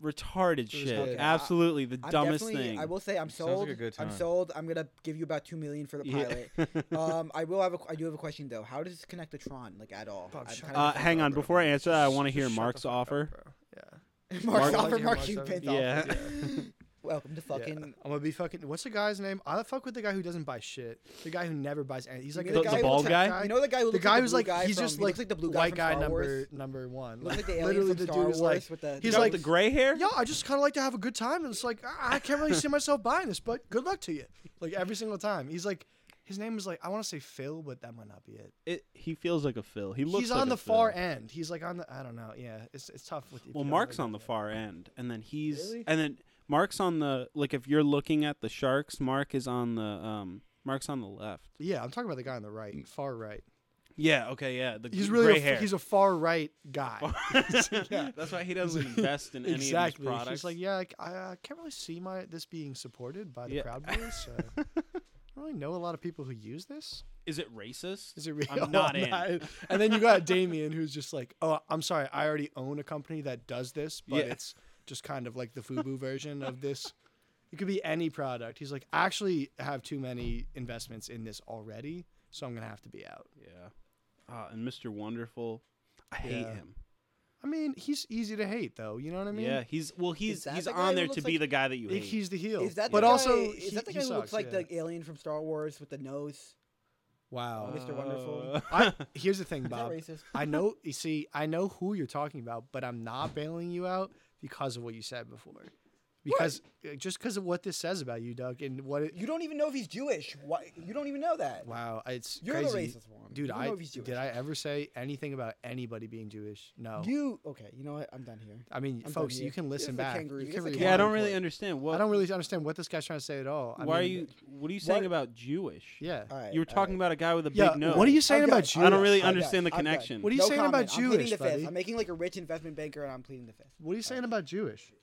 [SPEAKER 3] retarded shit
[SPEAKER 2] good. Okay,
[SPEAKER 1] I-
[SPEAKER 3] absolutely the
[SPEAKER 1] I'm
[SPEAKER 3] dumbest
[SPEAKER 1] definitely-
[SPEAKER 3] thing
[SPEAKER 1] I will say I'm
[SPEAKER 4] Sounds like
[SPEAKER 1] sold.
[SPEAKER 4] a good
[SPEAKER 1] I'm
[SPEAKER 4] time.
[SPEAKER 1] sold. I'm gonna give you about two million for the
[SPEAKER 3] Yeah.
[SPEAKER 1] pilot. um, I will have a. I do have a question though. How does this connect to Tron like at all?
[SPEAKER 2] Bob,
[SPEAKER 1] I'm
[SPEAKER 2] shut
[SPEAKER 1] kinda
[SPEAKER 3] uh,
[SPEAKER 1] just-
[SPEAKER 3] hang on before I answer that I want to
[SPEAKER 2] Just
[SPEAKER 3] hear
[SPEAKER 2] shut the
[SPEAKER 3] Mark's
[SPEAKER 2] fuck up,
[SPEAKER 3] offer
[SPEAKER 2] bro. Yeah.
[SPEAKER 1] Mark's
[SPEAKER 2] Mark-
[SPEAKER 1] offer. Mark
[SPEAKER 2] Yeah, Mark's offer.
[SPEAKER 1] Cuban's
[SPEAKER 3] yeah
[SPEAKER 1] offer. Welcome to fucking.
[SPEAKER 2] Yeah. I'm gonna be fucking. What's the guy's name? I fuck with the guy who doesn't buy shit. The guy who never buys anything. He's
[SPEAKER 1] You
[SPEAKER 2] like
[SPEAKER 1] mean
[SPEAKER 3] the guy who looks
[SPEAKER 2] bald
[SPEAKER 3] like-
[SPEAKER 1] You know the guy who
[SPEAKER 2] the
[SPEAKER 1] looks
[SPEAKER 2] guy
[SPEAKER 1] like the
[SPEAKER 2] who's
[SPEAKER 1] blue
[SPEAKER 2] like
[SPEAKER 1] guy
[SPEAKER 2] he's
[SPEAKER 1] from-
[SPEAKER 2] just
[SPEAKER 1] he
[SPEAKER 2] like
[SPEAKER 1] looks like the blue guy
[SPEAKER 2] white
[SPEAKER 1] from
[SPEAKER 2] guy
[SPEAKER 1] Star
[SPEAKER 2] number
[SPEAKER 1] Wars.
[SPEAKER 2] number one.
[SPEAKER 1] Looks like the alien
[SPEAKER 2] literally
[SPEAKER 1] from
[SPEAKER 2] the
[SPEAKER 1] Star
[SPEAKER 2] dude is like
[SPEAKER 1] Wars with the-
[SPEAKER 2] he's
[SPEAKER 3] Got
[SPEAKER 2] like
[SPEAKER 3] the gray hair
[SPEAKER 2] yeah, I just kind of like to have a good time. And it's like, I I can't really see myself buying this, but good luck to you. Like every single time. He's like, his name is like, I want to say Phil, but that might not be it.
[SPEAKER 3] It- he feels like a Phil he looks
[SPEAKER 2] He's
[SPEAKER 3] like
[SPEAKER 2] on
[SPEAKER 3] a
[SPEAKER 2] the far
[SPEAKER 3] Phil.
[SPEAKER 2] end. He's like on the, I don't know. Yeah, it's, it's tough with if
[SPEAKER 3] Well,
[SPEAKER 2] you don't
[SPEAKER 3] Mark's
[SPEAKER 2] know
[SPEAKER 3] on the
[SPEAKER 2] that.
[SPEAKER 3] far end, and then he's
[SPEAKER 2] Really?
[SPEAKER 3] and then Mark's on the like if you're looking at the sharks, Mark is on the um Mark's on the left.
[SPEAKER 2] Yeah, I'm talking about the guy on the
[SPEAKER 3] Mm.
[SPEAKER 2] right, far right.
[SPEAKER 3] Yeah. Okay. Yeah. The
[SPEAKER 2] He's
[SPEAKER 3] g-
[SPEAKER 2] really
[SPEAKER 3] gray
[SPEAKER 2] a,
[SPEAKER 3] hair.
[SPEAKER 2] he's a far right guy.
[SPEAKER 3] That's why he doesn't invest in any
[SPEAKER 2] exactly.
[SPEAKER 3] of his products.
[SPEAKER 2] He's like, yeah, I, c- I, uh, can't really see my this being supported by the
[SPEAKER 3] Yeah.
[SPEAKER 2] Proud Boys. So. I don't really know a lot of people who use this.
[SPEAKER 3] Is it racist?
[SPEAKER 2] Is it real?
[SPEAKER 3] I'm not in.
[SPEAKER 2] And then you got Damien, who's just like, oh, I'm sorry, I already own a company that does this, but
[SPEAKER 3] Yeah.
[SPEAKER 2] it's just kind of like the FUBU version of this. It could be any product. He's like, I actually have too many investments in this already, so I'm gonna have to be out.
[SPEAKER 3] Yeah. Ah, and Mr. Wonderful, I hate
[SPEAKER 2] Yeah.
[SPEAKER 3] him.
[SPEAKER 2] I mean, he's easy to hate, though. You know what I mean?
[SPEAKER 3] yeah. He's well. He's
[SPEAKER 1] that
[SPEAKER 3] he's
[SPEAKER 1] the guy
[SPEAKER 3] on
[SPEAKER 1] who
[SPEAKER 3] there
[SPEAKER 1] looks
[SPEAKER 3] to be
[SPEAKER 1] like-
[SPEAKER 3] the guy that you
[SPEAKER 2] Like,
[SPEAKER 3] hate.
[SPEAKER 2] he's the heel.
[SPEAKER 1] Is that
[SPEAKER 2] but
[SPEAKER 1] the
[SPEAKER 2] also,
[SPEAKER 1] guy,
[SPEAKER 2] he-
[SPEAKER 1] is that the
[SPEAKER 2] he
[SPEAKER 1] guy who
[SPEAKER 2] sucks,
[SPEAKER 1] looks like
[SPEAKER 2] yeah.
[SPEAKER 1] the alien from Star Wars with the nose?
[SPEAKER 2] wow?
[SPEAKER 1] Mr. Wonderful.
[SPEAKER 3] Uh,
[SPEAKER 2] I, here's the thing,
[SPEAKER 1] Is that
[SPEAKER 2] Bob.
[SPEAKER 1] racist?
[SPEAKER 2] I know. You see, I know who you're talking about, but I'm not bailing you out because of what you said before. Because uh, just because of what this says about you, Doug, and what it,
[SPEAKER 1] You don't even know if he's Jewish. Why? You don't even know that.
[SPEAKER 2] wow, it's
[SPEAKER 1] You're the
[SPEAKER 2] crazy,
[SPEAKER 1] racist one. You
[SPEAKER 2] dude.
[SPEAKER 1] don't
[SPEAKER 2] I
[SPEAKER 1] know if he's Jewish.
[SPEAKER 2] did I ever say anything about anybody being Jewish? No.
[SPEAKER 1] You okay? You know what? I'm done here.
[SPEAKER 2] I mean,
[SPEAKER 1] I'm done
[SPEAKER 2] folks,
[SPEAKER 1] here.
[SPEAKER 2] you can
[SPEAKER 1] This is
[SPEAKER 2] listen
[SPEAKER 1] the
[SPEAKER 2] back.
[SPEAKER 1] kangaroo.
[SPEAKER 2] You
[SPEAKER 1] This
[SPEAKER 2] can
[SPEAKER 1] is the
[SPEAKER 2] rewind
[SPEAKER 3] yeah. I don't
[SPEAKER 2] for
[SPEAKER 3] really
[SPEAKER 2] it.
[SPEAKER 3] understand what.
[SPEAKER 2] I don't really understand what this guy's trying to say at all. I
[SPEAKER 3] why
[SPEAKER 2] mean,
[SPEAKER 3] are you? What are you saying
[SPEAKER 1] What-
[SPEAKER 3] about Jewish?
[SPEAKER 2] Yeah.
[SPEAKER 1] All right.
[SPEAKER 3] You were
[SPEAKER 1] all
[SPEAKER 3] talking
[SPEAKER 1] right.
[SPEAKER 3] about a guy with a
[SPEAKER 2] Yeah,
[SPEAKER 3] big nose.
[SPEAKER 2] What are you saying
[SPEAKER 1] I'm
[SPEAKER 2] about
[SPEAKER 1] done.
[SPEAKER 2] Jewish?
[SPEAKER 3] I don't really
[SPEAKER 1] I'm done.
[SPEAKER 3] understand the
[SPEAKER 1] I'm done.
[SPEAKER 3] connection.
[SPEAKER 2] What are you
[SPEAKER 1] no
[SPEAKER 2] saying
[SPEAKER 1] comment.
[SPEAKER 2] about
[SPEAKER 1] I'm pleading
[SPEAKER 2] Jewish,
[SPEAKER 1] the
[SPEAKER 2] buddy?
[SPEAKER 1] fifth. I'm making like a rich investment banker, and I'm pleading the fifth.
[SPEAKER 2] What are you saying about Jewish?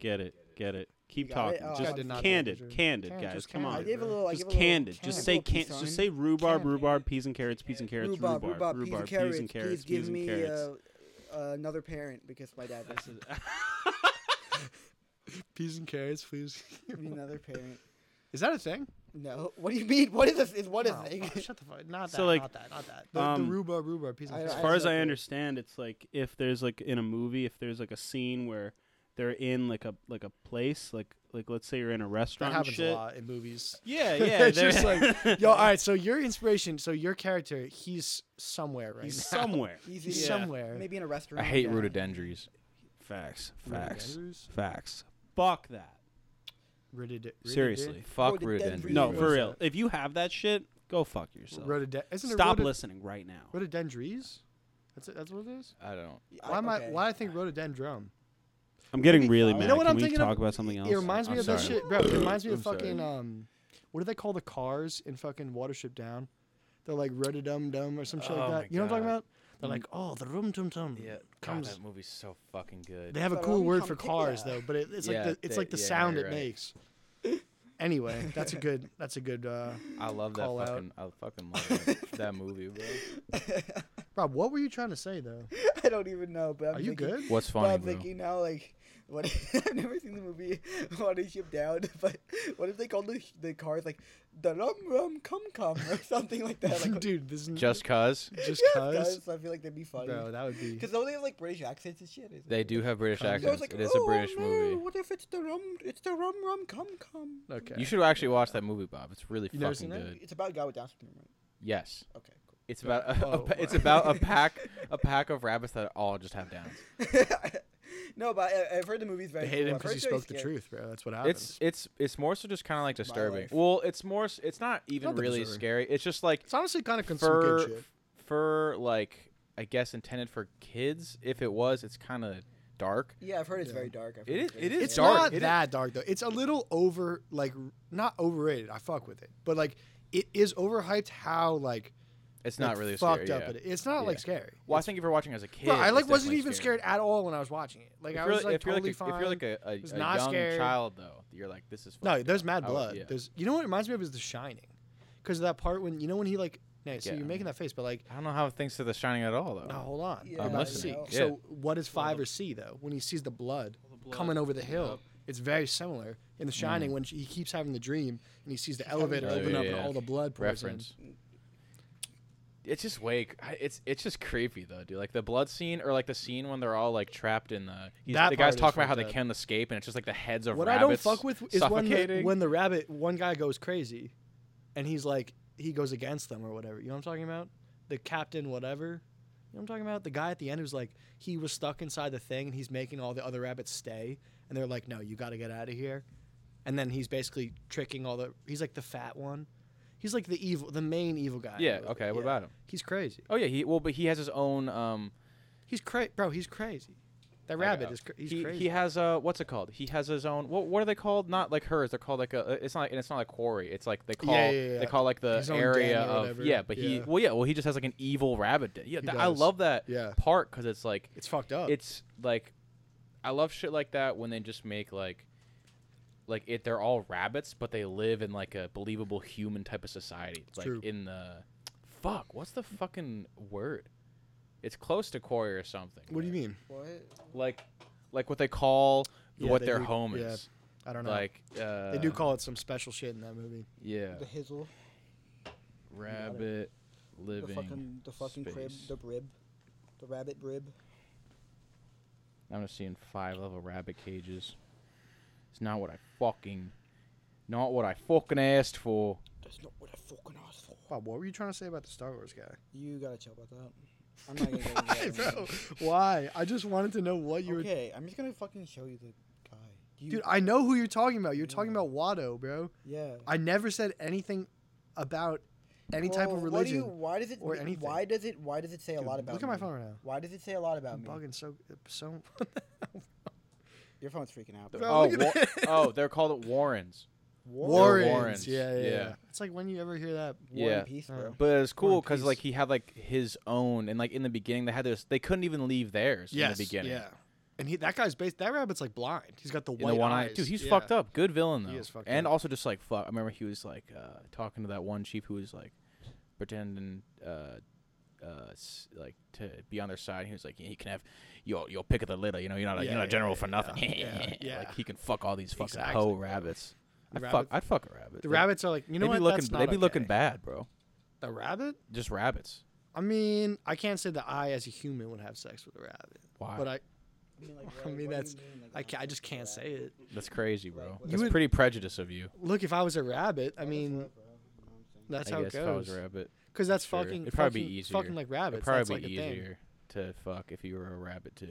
[SPEAKER 3] Get it, get it. Keep
[SPEAKER 1] got it?
[SPEAKER 3] talking.
[SPEAKER 1] Oh, I
[SPEAKER 3] just
[SPEAKER 2] did not
[SPEAKER 3] candid,
[SPEAKER 2] believe you.
[SPEAKER 3] candid,
[SPEAKER 2] Can't-
[SPEAKER 3] guys.
[SPEAKER 2] just
[SPEAKER 3] Come
[SPEAKER 2] candid.
[SPEAKER 1] I
[SPEAKER 3] on.
[SPEAKER 2] Alright,
[SPEAKER 1] gave a
[SPEAKER 2] bro.
[SPEAKER 1] little. I
[SPEAKER 3] Just
[SPEAKER 1] gave a little
[SPEAKER 3] candid.
[SPEAKER 1] candid
[SPEAKER 3] Just say
[SPEAKER 1] little
[SPEAKER 3] can.
[SPEAKER 1] peace
[SPEAKER 3] Just
[SPEAKER 1] sign.
[SPEAKER 3] say rhubarb,
[SPEAKER 2] Candid.
[SPEAKER 3] rhubarb, peas and carrots, peas and carrots,
[SPEAKER 1] Rhubarb,
[SPEAKER 3] rhubarb,
[SPEAKER 1] rhubarb, peas and carrots.
[SPEAKER 3] peas and
[SPEAKER 1] Please
[SPEAKER 3] carrots, peas
[SPEAKER 1] give
[SPEAKER 3] and
[SPEAKER 1] me
[SPEAKER 3] carrots.
[SPEAKER 1] uh, uh, another parent because my dad doesn't
[SPEAKER 2] Peas and carrots, please.
[SPEAKER 1] give me another parent.
[SPEAKER 2] Is that a thing?
[SPEAKER 1] No. What do you mean? What is this? Is what is
[SPEAKER 2] No,
[SPEAKER 1] thing?
[SPEAKER 2] oh, shut the fuck. Not that.
[SPEAKER 3] So, like,
[SPEAKER 2] not that. Not that. The,
[SPEAKER 3] um,
[SPEAKER 2] the rhubarb, rhubarb piece.
[SPEAKER 1] I-
[SPEAKER 2] Of
[SPEAKER 1] I-
[SPEAKER 3] As
[SPEAKER 1] As
[SPEAKER 3] far as
[SPEAKER 1] up
[SPEAKER 3] I
[SPEAKER 1] there.
[SPEAKER 3] understand, it's like if there's like in a movie, if there's like a scene where they're in like a like a place, like like let's say you're in a
[SPEAKER 2] that
[SPEAKER 3] restaurant and
[SPEAKER 2] happens
[SPEAKER 3] shit.
[SPEAKER 2] a lot in movies.
[SPEAKER 3] Yeah, yeah.
[SPEAKER 2] it's just
[SPEAKER 3] they're-
[SPEAKER 2] like, yo, all right. So your inspiration, so your character, he's somewhere right
[SPEAKER 3] he's
[SPEAKER 2] now.
[SPEAKER 3] somewhere.
[SPEAKER 1] Easy.
[SPEAKER 2] He's
[SPEAKER 3] Yeah.
[SPEAKER 2] somewhere.
[SPEAKER 1] Maybe in a
[SPEAKER 4] I
[SPEAKER 1] restaurant.
[SPEAKER 4] hate
[SPEAKER 1] Yeah.
[SPEAKER 4] rhododendrons.
[SPEAKER 3] Facts,
[SPEAKER 2] Rooted
[SPEAKER 3] facts,
[SPEAKER 2] Andrews?
[SPEAKER 3] facts. Fuck that.
[SPEAKER 2] Rooted- rooted-
[SPEAKER 3] Seriously.
[SPEAKER 4] Fuck
[SPEAKER 1] Rhododendrons.
[SPEAKER 4] rhododendrons.
[SPEAKER 3] No,
[SPEAKER 1] What
[SPEAKER 3] for
[SPEAKER 1] is
[SPEAKER 3] real. If you have that shit, go fuck yourself.
[SPEAKER 2] Rhodode- isn't it
[SPEAKER 3] Stop
[SPEAKER 2] rhodo-
[SPEAKER 3] listening right now.
[SPEAKER 2] Rhododendries. That's it, that's what it is.
[SPEAKER 4] I don't.
[SPEAKER 1] I-
[SPEAKER 2] Why am I?
[SPEAKER 1] okay.
[SPEAKER 2] Why I think rhododendron?
[SPEAKER 3] I'm getting really
[SPEAKER 1] You
[SPEAKER 3] mad.
[SPEAKER 2] You know what
[SPEAKER 3] Can
[SPEAKER 2] I'm
[SPEAKER 3] we
[SPEAKER 2] thinking
[SPEAKER 3] talk
[SPEAKER 2] of?
[SPEAKER 3] about something else?
[SPEAKER 2] It reminds
[SPEAKER 4] I'm
[SPEAKER 2] me of that
[SPEAKER 4] sorry.
[SPEAKER 2] shit, bro. It reminds me of
[SPEAKER 4] I'm sorry.
[SPEAKER 2] fucking um, what do they call the cars in fucking Watership Down? They're like rhododum dum or some shit
[SPEAKER 4] Oh
[SPEAKER 2] like
[SPEAKER 4] my
[SPEAKER 2] that. You know what I'm talking
[SPEAKER 4] God.
[SPEAKER 2] about? They're like, oh, the rum tum tum.
[SPEAKER 4] Yeah, God,
[SPEAKER 2] comes.
[SPEAKER 4] that movie's so fucking good.
[SPEAKER 2] They have a
[SPEAKER 1] So
[SPEAKER 2] cool
[SPEAKER 1] I'm
[SPEAKER 2] word for
[SPEAKER 1] compa-
[SPEAKER 2] cars
[SPEAKER 1] yeah.
[SPEAKER 2] though, but it, it's
[SPEAKER 4] Yeah,
[SPEAKER 2] like the it's
[SPEAKER 4] they-
[SPEAKER 2] like the
[SPEAKER 4] yeah, no,
[SPEAKER 2] sound it
[SPEAKER 4] you're right.
[SPEAKER 2] makes. Anyway, that's a good that's a good uh
[SPEAKER 4] I love that
[SPEAKER 2] Call out.
[SPEAKER 4] fucking. I fucking love that, that movie, bro.
[SPEAKER 2] Rob, what were you trying to say though?
[SPEAKER 1] I don't even know. But I'm
[SPEAKER 2] Are you
[SPEAKER 1] thinking,
[SPEAKER 2] good?
[SPEAKER 4] What's
[SPEAKER 1] But
[SPEAKER 4] funny,
[SPEAKER 1] I'm
[SPEAKER 4] bro?
[SPEAKER 1] thinking now, like What I've never seen the movie What Is Ship Down, but what if they called the, the cars like the rum rum cum cum or something like that? Like,
[SPEAKER 2] Dude, this is
[SPEAKER 4] Just cause
[SPEAKER 2] just
[SPEAKER 1] yes,
[SPEAKER 2] cause.
[SPEAKER 1] guys, I feel like that'd be funny.
[SPEAKER 2] Bro, that would be.
[SPEAKER 1] Because don't they have like British accents and shit? Is it?
[SPEAKER 4] they do have British
[SPEAKER 1] So I was
[SPEAKER 4] accents.
[SPEAKER 1] like,
[SPEAKER 4] it is
[SPEAKER 1] oh,
[SPEAKER 4] a British
[SPEAKER 1] no,
[SPEAKER 4] movie.
[SPEAKER 1] What if it's the rum? It's the rum rum cum cum.
[SPEAKER 2] Okay.
[SPEAKER 4] You should actually watch that movie, Bob. It's really
[SPEAKER 2] You never seen
[SPEAKER 4] fucking
[SPEAKER 2] that?
[SPEAKER 4] good.
[SPEAKER 1] It's about a guy with Down syndrome, right?
[SPEAKER 4] Yes.
[SPEAKER 1] Okay, cool.
[SPEAKER 4] It's about a, a
[SPEAKER 2] Oh,
[SPEAKER 4] pa- it's about a pack a pack of rabbits that all just have downs.
[SPEAKER 1] no, but I, I've heard the movie's very.
[SPEAKER 2] They hated
[SPEAKER 1] cool.
[SPEAKER 2] him
[SPEAKER 1] I've
[SPEAKER 2] because
[SPEAKER 1] heard
[SPEAKER 2] he
[SPEAKER 1] it's very
[SPEAKER 2] spoke the
[SPEAKER 1] scary.
[SPEAKER 2] truth, bro. That's what happens.
[SPEAKER 4] It's it's it's more so just kind of like disturbing.
[SPEAKER 1] life.
[SPEAKER 4] Well, it's more s- it's not even
[SPEAKER 2] not that
[SPEAKER 4] really
[SPEAKER 2] disturbing.
[SPEAKER 4] scary. It's just like
[SPEAKER 2] It's honestly kind of some good
[SPEAKER 4] for
[SPEAKER 2] shit.
[SPEAKER 4] for like I guess intended for kids. If it was, it's kind of dark.
[SPEAKER 1] Yeah, I've heard it's very dark. I've heard
[SPEAKER 4] It is-
[SPEAKER 1] very
[SPEAKER 4] it is
[SPEAKER 2] It's
[SPEAKER 4] dark.
[SPEAKER 2] not
[SPEAKER 4] It is-
[SPEAKER 2] that dark though. It's a little over, like not overrated. I fuck with it, but like it is overhyped. How like
[SPEAKER 4] It's
[SPEAKER 2] like,
[SPEAKER 4] not really
[SPEAKER 2] fucked
[SPEAKER 4] scary,
[SPEAKER 2] up
[SPEAKER 4] yeah.
[SPEAKER 2] it is. It's not like
[SPEAKER 4] Yeah.
[SPEAKER 2] scary.
[SPEAKER 4] Well, I think if you're watching as a kid,
[SPEAKER 2] Bro, I
[SPEAKER 4] it's
[SPEAKER 2] like wasn't
[SPEAKER 4] definitely
[SPEAKER 2] even
[SPEAKER 4] scary.
[SPEAKER 2] scared at all when I was watching it. Like
[SPEAKER 4] If
[SPEAKER 2] I
[SPEAKER 4] you're,
[SPEAKER 2] was
[SPEAKER 4] like,
[SPEAKER 2] like
[SPEAKER 4] if you're
[SPEAKER 2] totally
[SPEAKER 4] like a,
[SPEAKER 2] fine.
[SPEAKER 4] if you're like a, a,
[SPEAKER 2] was
[SPEAKER 4] a
[SPEAKER 2] not
[SPEAKER 4] young
[SPEAKER 2] scared.
[SPEAKER 4] child though, you're like this is
[SPEAKER 2] no,
[SPEAKER 4] fucked
[SPEAKER 2] there's
[SPEAKER 4] up.
[SPEAKER 2] mad
[SPEAKER 4] I would-
[SPEAKER 2] blood.
[SPEAKER 4] yeah.
[SPEAKER 2] There's you know what it reminds me of is The Shining, because of that part when you know when he like. No, so
[SPEAKER 4] Yeah.
[SPEAKER 2] you're making that face, but like
[SPEAKER 4] I don't know how it thinks to the Shining at all though.
[SPEAKER 2] No, hold on.
[SPEAKER 1] Yeah,
[SPEAKER 4] I'm
[SPEAKER 2] Let's see.
[SPEAKER 4] listening.
[SPEAKER 2] So
[SPEAKER 4] Yeah.
[SPEAKER 2] what does Fiverr see though? When he sees the blood, coming over the hill, it's very similar. In The Shining, when she, he keeps having the dream and he sees the elevator
[SPEAKER 4] Mm.
[SPEAKER 2] open
[SPEAKER 4] having- Oh,
[SPEAKER 2] up
[SPEAKER 4] yeah.
[SPEAKER 2] and all the blood pours in.
[SPEAKER 4] reference. It's just wake. It's it's just creepy though, dude. Like the blood scene or like the scene when they're all like trapped in the. He's,
[SPEAKER 2] That
[SPEAKER 4] the
[SPEAKER 2] part
[SPEAKER 4] guy's
[SPEAKER 2] is
[SPEAKER 4] talking about how
[SPEAKER 2] fucked
[SPEAKER 4] they
[SPEAKER 2] up.
[SPEAKER 4] can escape, and it's just like the heads of
[SPEAKER 2] What I don't
[SPEAKER 4] rabbits
[SPEAKER 2] fuck with is when the,
[SPEAKER 4] suffocating.
[SPEAKER 2] when the rabbit one guy goes crazy, and he's like he goes against them or whatever. You know what I'm talking about? The captain, whatever. You know what I'm talking about? The guy at the end who's like he was stuck inside the thing and he's making all the other rabbits stay, and they're like, "No, you got to get out of here," and then he's basically tricking all the. He's like the fat one. He's like the evil, the main evil guy. in the
[SPEAKER 4] yeah.
[SPEAKER 2] movie.
[SPEAKER 4] Okay. What
[SPEAKER 2] Yeah.
[SPEAKER 4] about him?
[SPEAKER 2] He's crazy.
[SPEAKER 4] Oh yeah. He well, but he has his own. Um,
[SPEAKER 2] He's crazy, bro. He's crazy. That
[SPEAKER 4] like,
[SPEAKER 2] rabbit
[SPEAKER 4] uh,
[SPEAKER 2] is cra- he's
[SPEAKER 4] he,
[SPEAKER 2] crazy.
[SPEAKER 4] He has uh, what's it called? He has his own. What what are they called? Not like hers. They're called like a. It's not. And it's not a quarry. It's like they call.
[SPEAKER 2] yeah, yeah.
[SPEAKER 4] They call like the
[SPEAKER 2] His own
[SPEAKER 4] area
[SPEAKER 2] den or
[SPEAKER 4] of.
[SPEAKER 2] whatever.
[SPEAKER 4] Yeah. But he.
[SPEAKER 2] Yeah.
[SPEAKER 4] Well, yeah. Well, he just has like an evil rabbit. den. Yeah.
[SPEAKER 2] He
[SPEAKER 4] th- I
[SPEAKER 2] does.
[SPEAKER 4] love that
[SPEAKER 2] Yeah.
[SPEAKER 4] part because it's like
[SPEAKER 2] it's fucked up.
[SPEAKER 4] it's like I love shit like that when they just make like like it they're all rabbits but they live in like a believable human type of society like
[SPEAKER 2] true.
[SPEAKER 4] in the fuck what's the fucking word it's close to quarry or something
[SPEAKER 2] what do you mean?
[SPEAKER 1] What?
[SPEAKER 4] like like what they call
[SPEAKER 2] Yeah,
[SPEAKER 4] what
[SPEAKER 2] they
[SPEAKER 4] their
[SPEAKER 2] do-
[SPEAKER 4] home
[SPEAKER 2] yeah,
[SPEAKER 4] is
[SPEAKER 2] I don't know.
[SPEAKER 4] like uh,
[SPEAKER 2] They do call it some special shit in that movie.
[SPEAKER 4] yeah
[SPEAKER 1] The hizzle,
[SPEAKER 4] rabbit
[SPEAKER 1] the
[SPEAKER 4] living
[SPEAKER 1] fucking, the fucking crib,
[SPEAKER 4] space.
[SPEAKER 1] the rib, the rabbit rib.
[SPEAKER 4] I'm just seeing five level rabbit cages. It's not what I fucking, not what I fucking asked for.
[SPEAKER 1] That's not what I fucking asked for.
[SPEAKER 2] Bob, what were you trying to say about the Star Wars guy?
[SPEAKER 1] You gotta chill about that. I'm not gonna get into that right now.
[SPEAKER 2] Why? I just wanted to know what you
[SPEAKER 1] Okay, I'm just gonna fucking show you the guy. Do
[SPEAKER 2] were.
[SPEAKER 1] you,
[SPEAKER 2] Dude, I know who you're talking about. You're talking about Watto, bro.
[SPEAKER 1] yeah.
[SPEAKER 2] I never said anything about any type
[SPEAKER 1] Well,
[SPEAKER 2] of
[SPEAKER 1] What do
[SPEAKER 2] religion.
[SPEAKER 1] you? Why does it?
[SPEAKER 2] or
[SPEAKER 1] ma-
[SPEAKER 2] anything.
[SPEAKER 1] Why does it? Why does it say a
[SPEAKER 2] Dude,
[SPEAKER 1] lot about?
[SPEAKER 2] look at my
[SPEAKER 1] me?
[SPEAKER 2] phone right now.
[SPEAKER 1] Why does it say a lot about
[SPEAKER 2] I'm
[SPEAKER 1] me?
[SPEAKER 2] bugging so so.
[SPEAKER 1] Your phone's freaking out.
[SPEAKER 2] Bro,
[SPEAKER 4] Oh,
[SPEAKER 2] look at
[SPEAKER 4] Wa-
[SPEAKER 2] that.
[SPEAKER 4] oh, they're called Warrens.
[SPEAKER 2] Warrens.
[SPEAKER 4] Warrens,
[SPEAKER 2] Yeah, yeah,
[SPEAKER 4] yeah.
[SPEAKER 2] yeah. It's like when you ever hear that.
[SPEAKER 1] War
[SPEAKER 4] yeah.
[SPEAKER 1] and peace,
[SPEAKER 2] Uh,
[SPEAKER 1] bro.
[SPEAKER 4] But it was cool
[SPEAKER 2] Warren
[SPEAKER 4] because
[SPEAKER 2] Peace.
[SPEAKER 4] like he had like his own, and like in the beginning they had this. They couldn't even leave theirs in the beginning.
[SPEAKER 2] Yeah. And he, that guy's based. That rabbit's like blind. He's got the
[SPEAKER 4] In
[SPEAKER 2] white
[SPEAKER 4] the one eye,
[SPEAKER 2] eyes.
[SPEAKER 4] dude, he's
[SPEAKER 2] Yeah.
[SPEAKER 4] fucked up. Good villain though,
[SPEAKER 2] He is fucked
[SPEAKER 4] and
[SPEAKER 2] up.
[SPEAKER 4] also just like fuck. I remember he was like uh, talking to that one chief who was like pretending uh, uh, s- like to be on their side. he was like, "You can have your your pick of the litter. You know, you're not a,
[SPEAKER 2] Yeah,
[SPEAKER 4] you're not a
[SPEAKER 2] yeah,
[SPEAKER 4] general
[SPEAKER 2] yeah,
[SPEAKER 4] for nothing.
[SPEAKER 2] yeah, yeah.
[SPEAKER 4] like he can fuck all these fucking
[SPEAKER 2] Exactly,
[SPEAKER 4] hoe
[SPEAKER 2] bro.
[SPEAKER 4] rabbits. I
[SPEAKER 2] The
[SPEAKER 4] fuck.
[SPEAKER 2] rabbits-
[SPEAKER 4] I'd fuck a rabbit.
[SPEAKER 2] The
[SPEAKER 4] They-
[SPEAKER 2] rabbits are like you know
[SPEAKER 4] they
[SPEAKER 2] what?
[SPEAKER 4] be looking.
[SPEAKER 2] That's not
[SPEAKER 4] They be looking
[SPEAKER 2] okay.
[SPEAKER 4] bad, bro.
[SPEAKER 2] The rabbit?
[SPEAKER 4] Just rabbits.
[SPEAKER 2] I mean, I can't say that I, as a human, would have sex with a rabbit.
[SPEAKER 4] Why?
[SPEAKER 2] But I,
[SPEAKER 1] I mean, like,
[SPEAKER 2] I
[SPEAKER 1] what-
[SPEAKER 2] mean,
[SPEAKER 1] what do
[SPEAKER 2] that's
[SPEAKER 1] you mean, like,
[SPEAKER 2] I,
[SPEAKER 1] I'm
[SPEAKER 2] ca I just
[SPEAKER 1] fucking
[SPEAKER 2] can't
[SPEAKER 1] a
[SPEAKER 2] say
[SPEAKER 1] rabbit?
[SPEAKER 2] it.
[SPEAKER 4] That's crazy, bro.
[SPEAKER 1] what-
[SPEAKER 4] That's
[SPEAKER 2] You would-
[SPEAKER 4] pretty prejudice of you.
[SPEAKER 2] Look, if I was a rabbit, I mean,
[SPEAKER 1] Bro, you know what I'm saying?
[SPEAKER 2] that's
[SPEAKER 4] I
[SPEAKER 2] how it
[SPEAKER 4] guess if I was a
[SPEAKER 2] goes.
[SPEAKER 4] rabbit,
[SPEAKER 2] Because that's
[SPEAKER 4] sure.
[SPEAKER 2] fucking.
[SPEAKER 4] It'd probably be
[SPEAKER 2] fucking,
[SPEAKER 4] easier.
[SPEAKER 2] Fucking like
[SPEAKER 4] it'd
[SPEAKER 2] rabbits.
[SPEAKER 4] probably
[SPEAKER 2] that's
[SPEAKER 4] be
[SPEAKER 2] like a Thing.
[SPEAKER 4] easier to fuck if you were a rabbit too.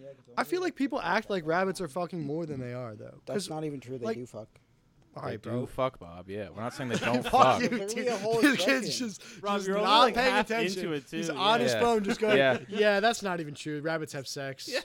[SPEAKER 1] Yeah, 'cause
[SPEAKER 2] I
[SPEAKER 1] don't
[SPEAKER 2] feel
[SPEAKER 1] they-
[SPEAKER 2] like people act like rabbits are fucking more than they are, though.
[SPEAKER 1] that's
[SPEAKER 2] 'Cause-
[SPEAKER 1] not even true. They
[SPEAKER 2] like-
[SPEAKER 1] do fuck.
[SPEAKER 2] all
[SPEAKER 4] They
[SPEAKER 2] right,
[SPEAKER 4] do
[SPEAKER 2] bro.
[SPEAKER 4] fuck Bob. Yeah, we're not saying they don't
[SPEAKER 2] Fuck
[SPEAKER 4] fuck.
[SPEAKER 2] you,
[SPEAKER 1] There's
[SPEAKER 2] dude.
[SPEAKER 1] literally a whole
[SPEAKER 2] This kid's
[SPEAKER 1] section.
[SPEAKER 2] just,
[SPEAKER 3] Rob,
[SPEAKER 2] just
[SPEAKER 3] you're only,
[SPEAKER 2] not
[SPEAKER 3] like,
[SPEAKER 2] paying
[SPEAKER 3] half
[SPEAKER 2] attention.
[SPEAKER 3] into it, too.
[SPEAKER 2] He's on his
[SPEAKER 4] Yeah.
[SPEAKER 2] phone, just going,
[SPEAKER 4] Yeah.
[SPEAKER 2] yeah. that's not even true. Rabbits have sex.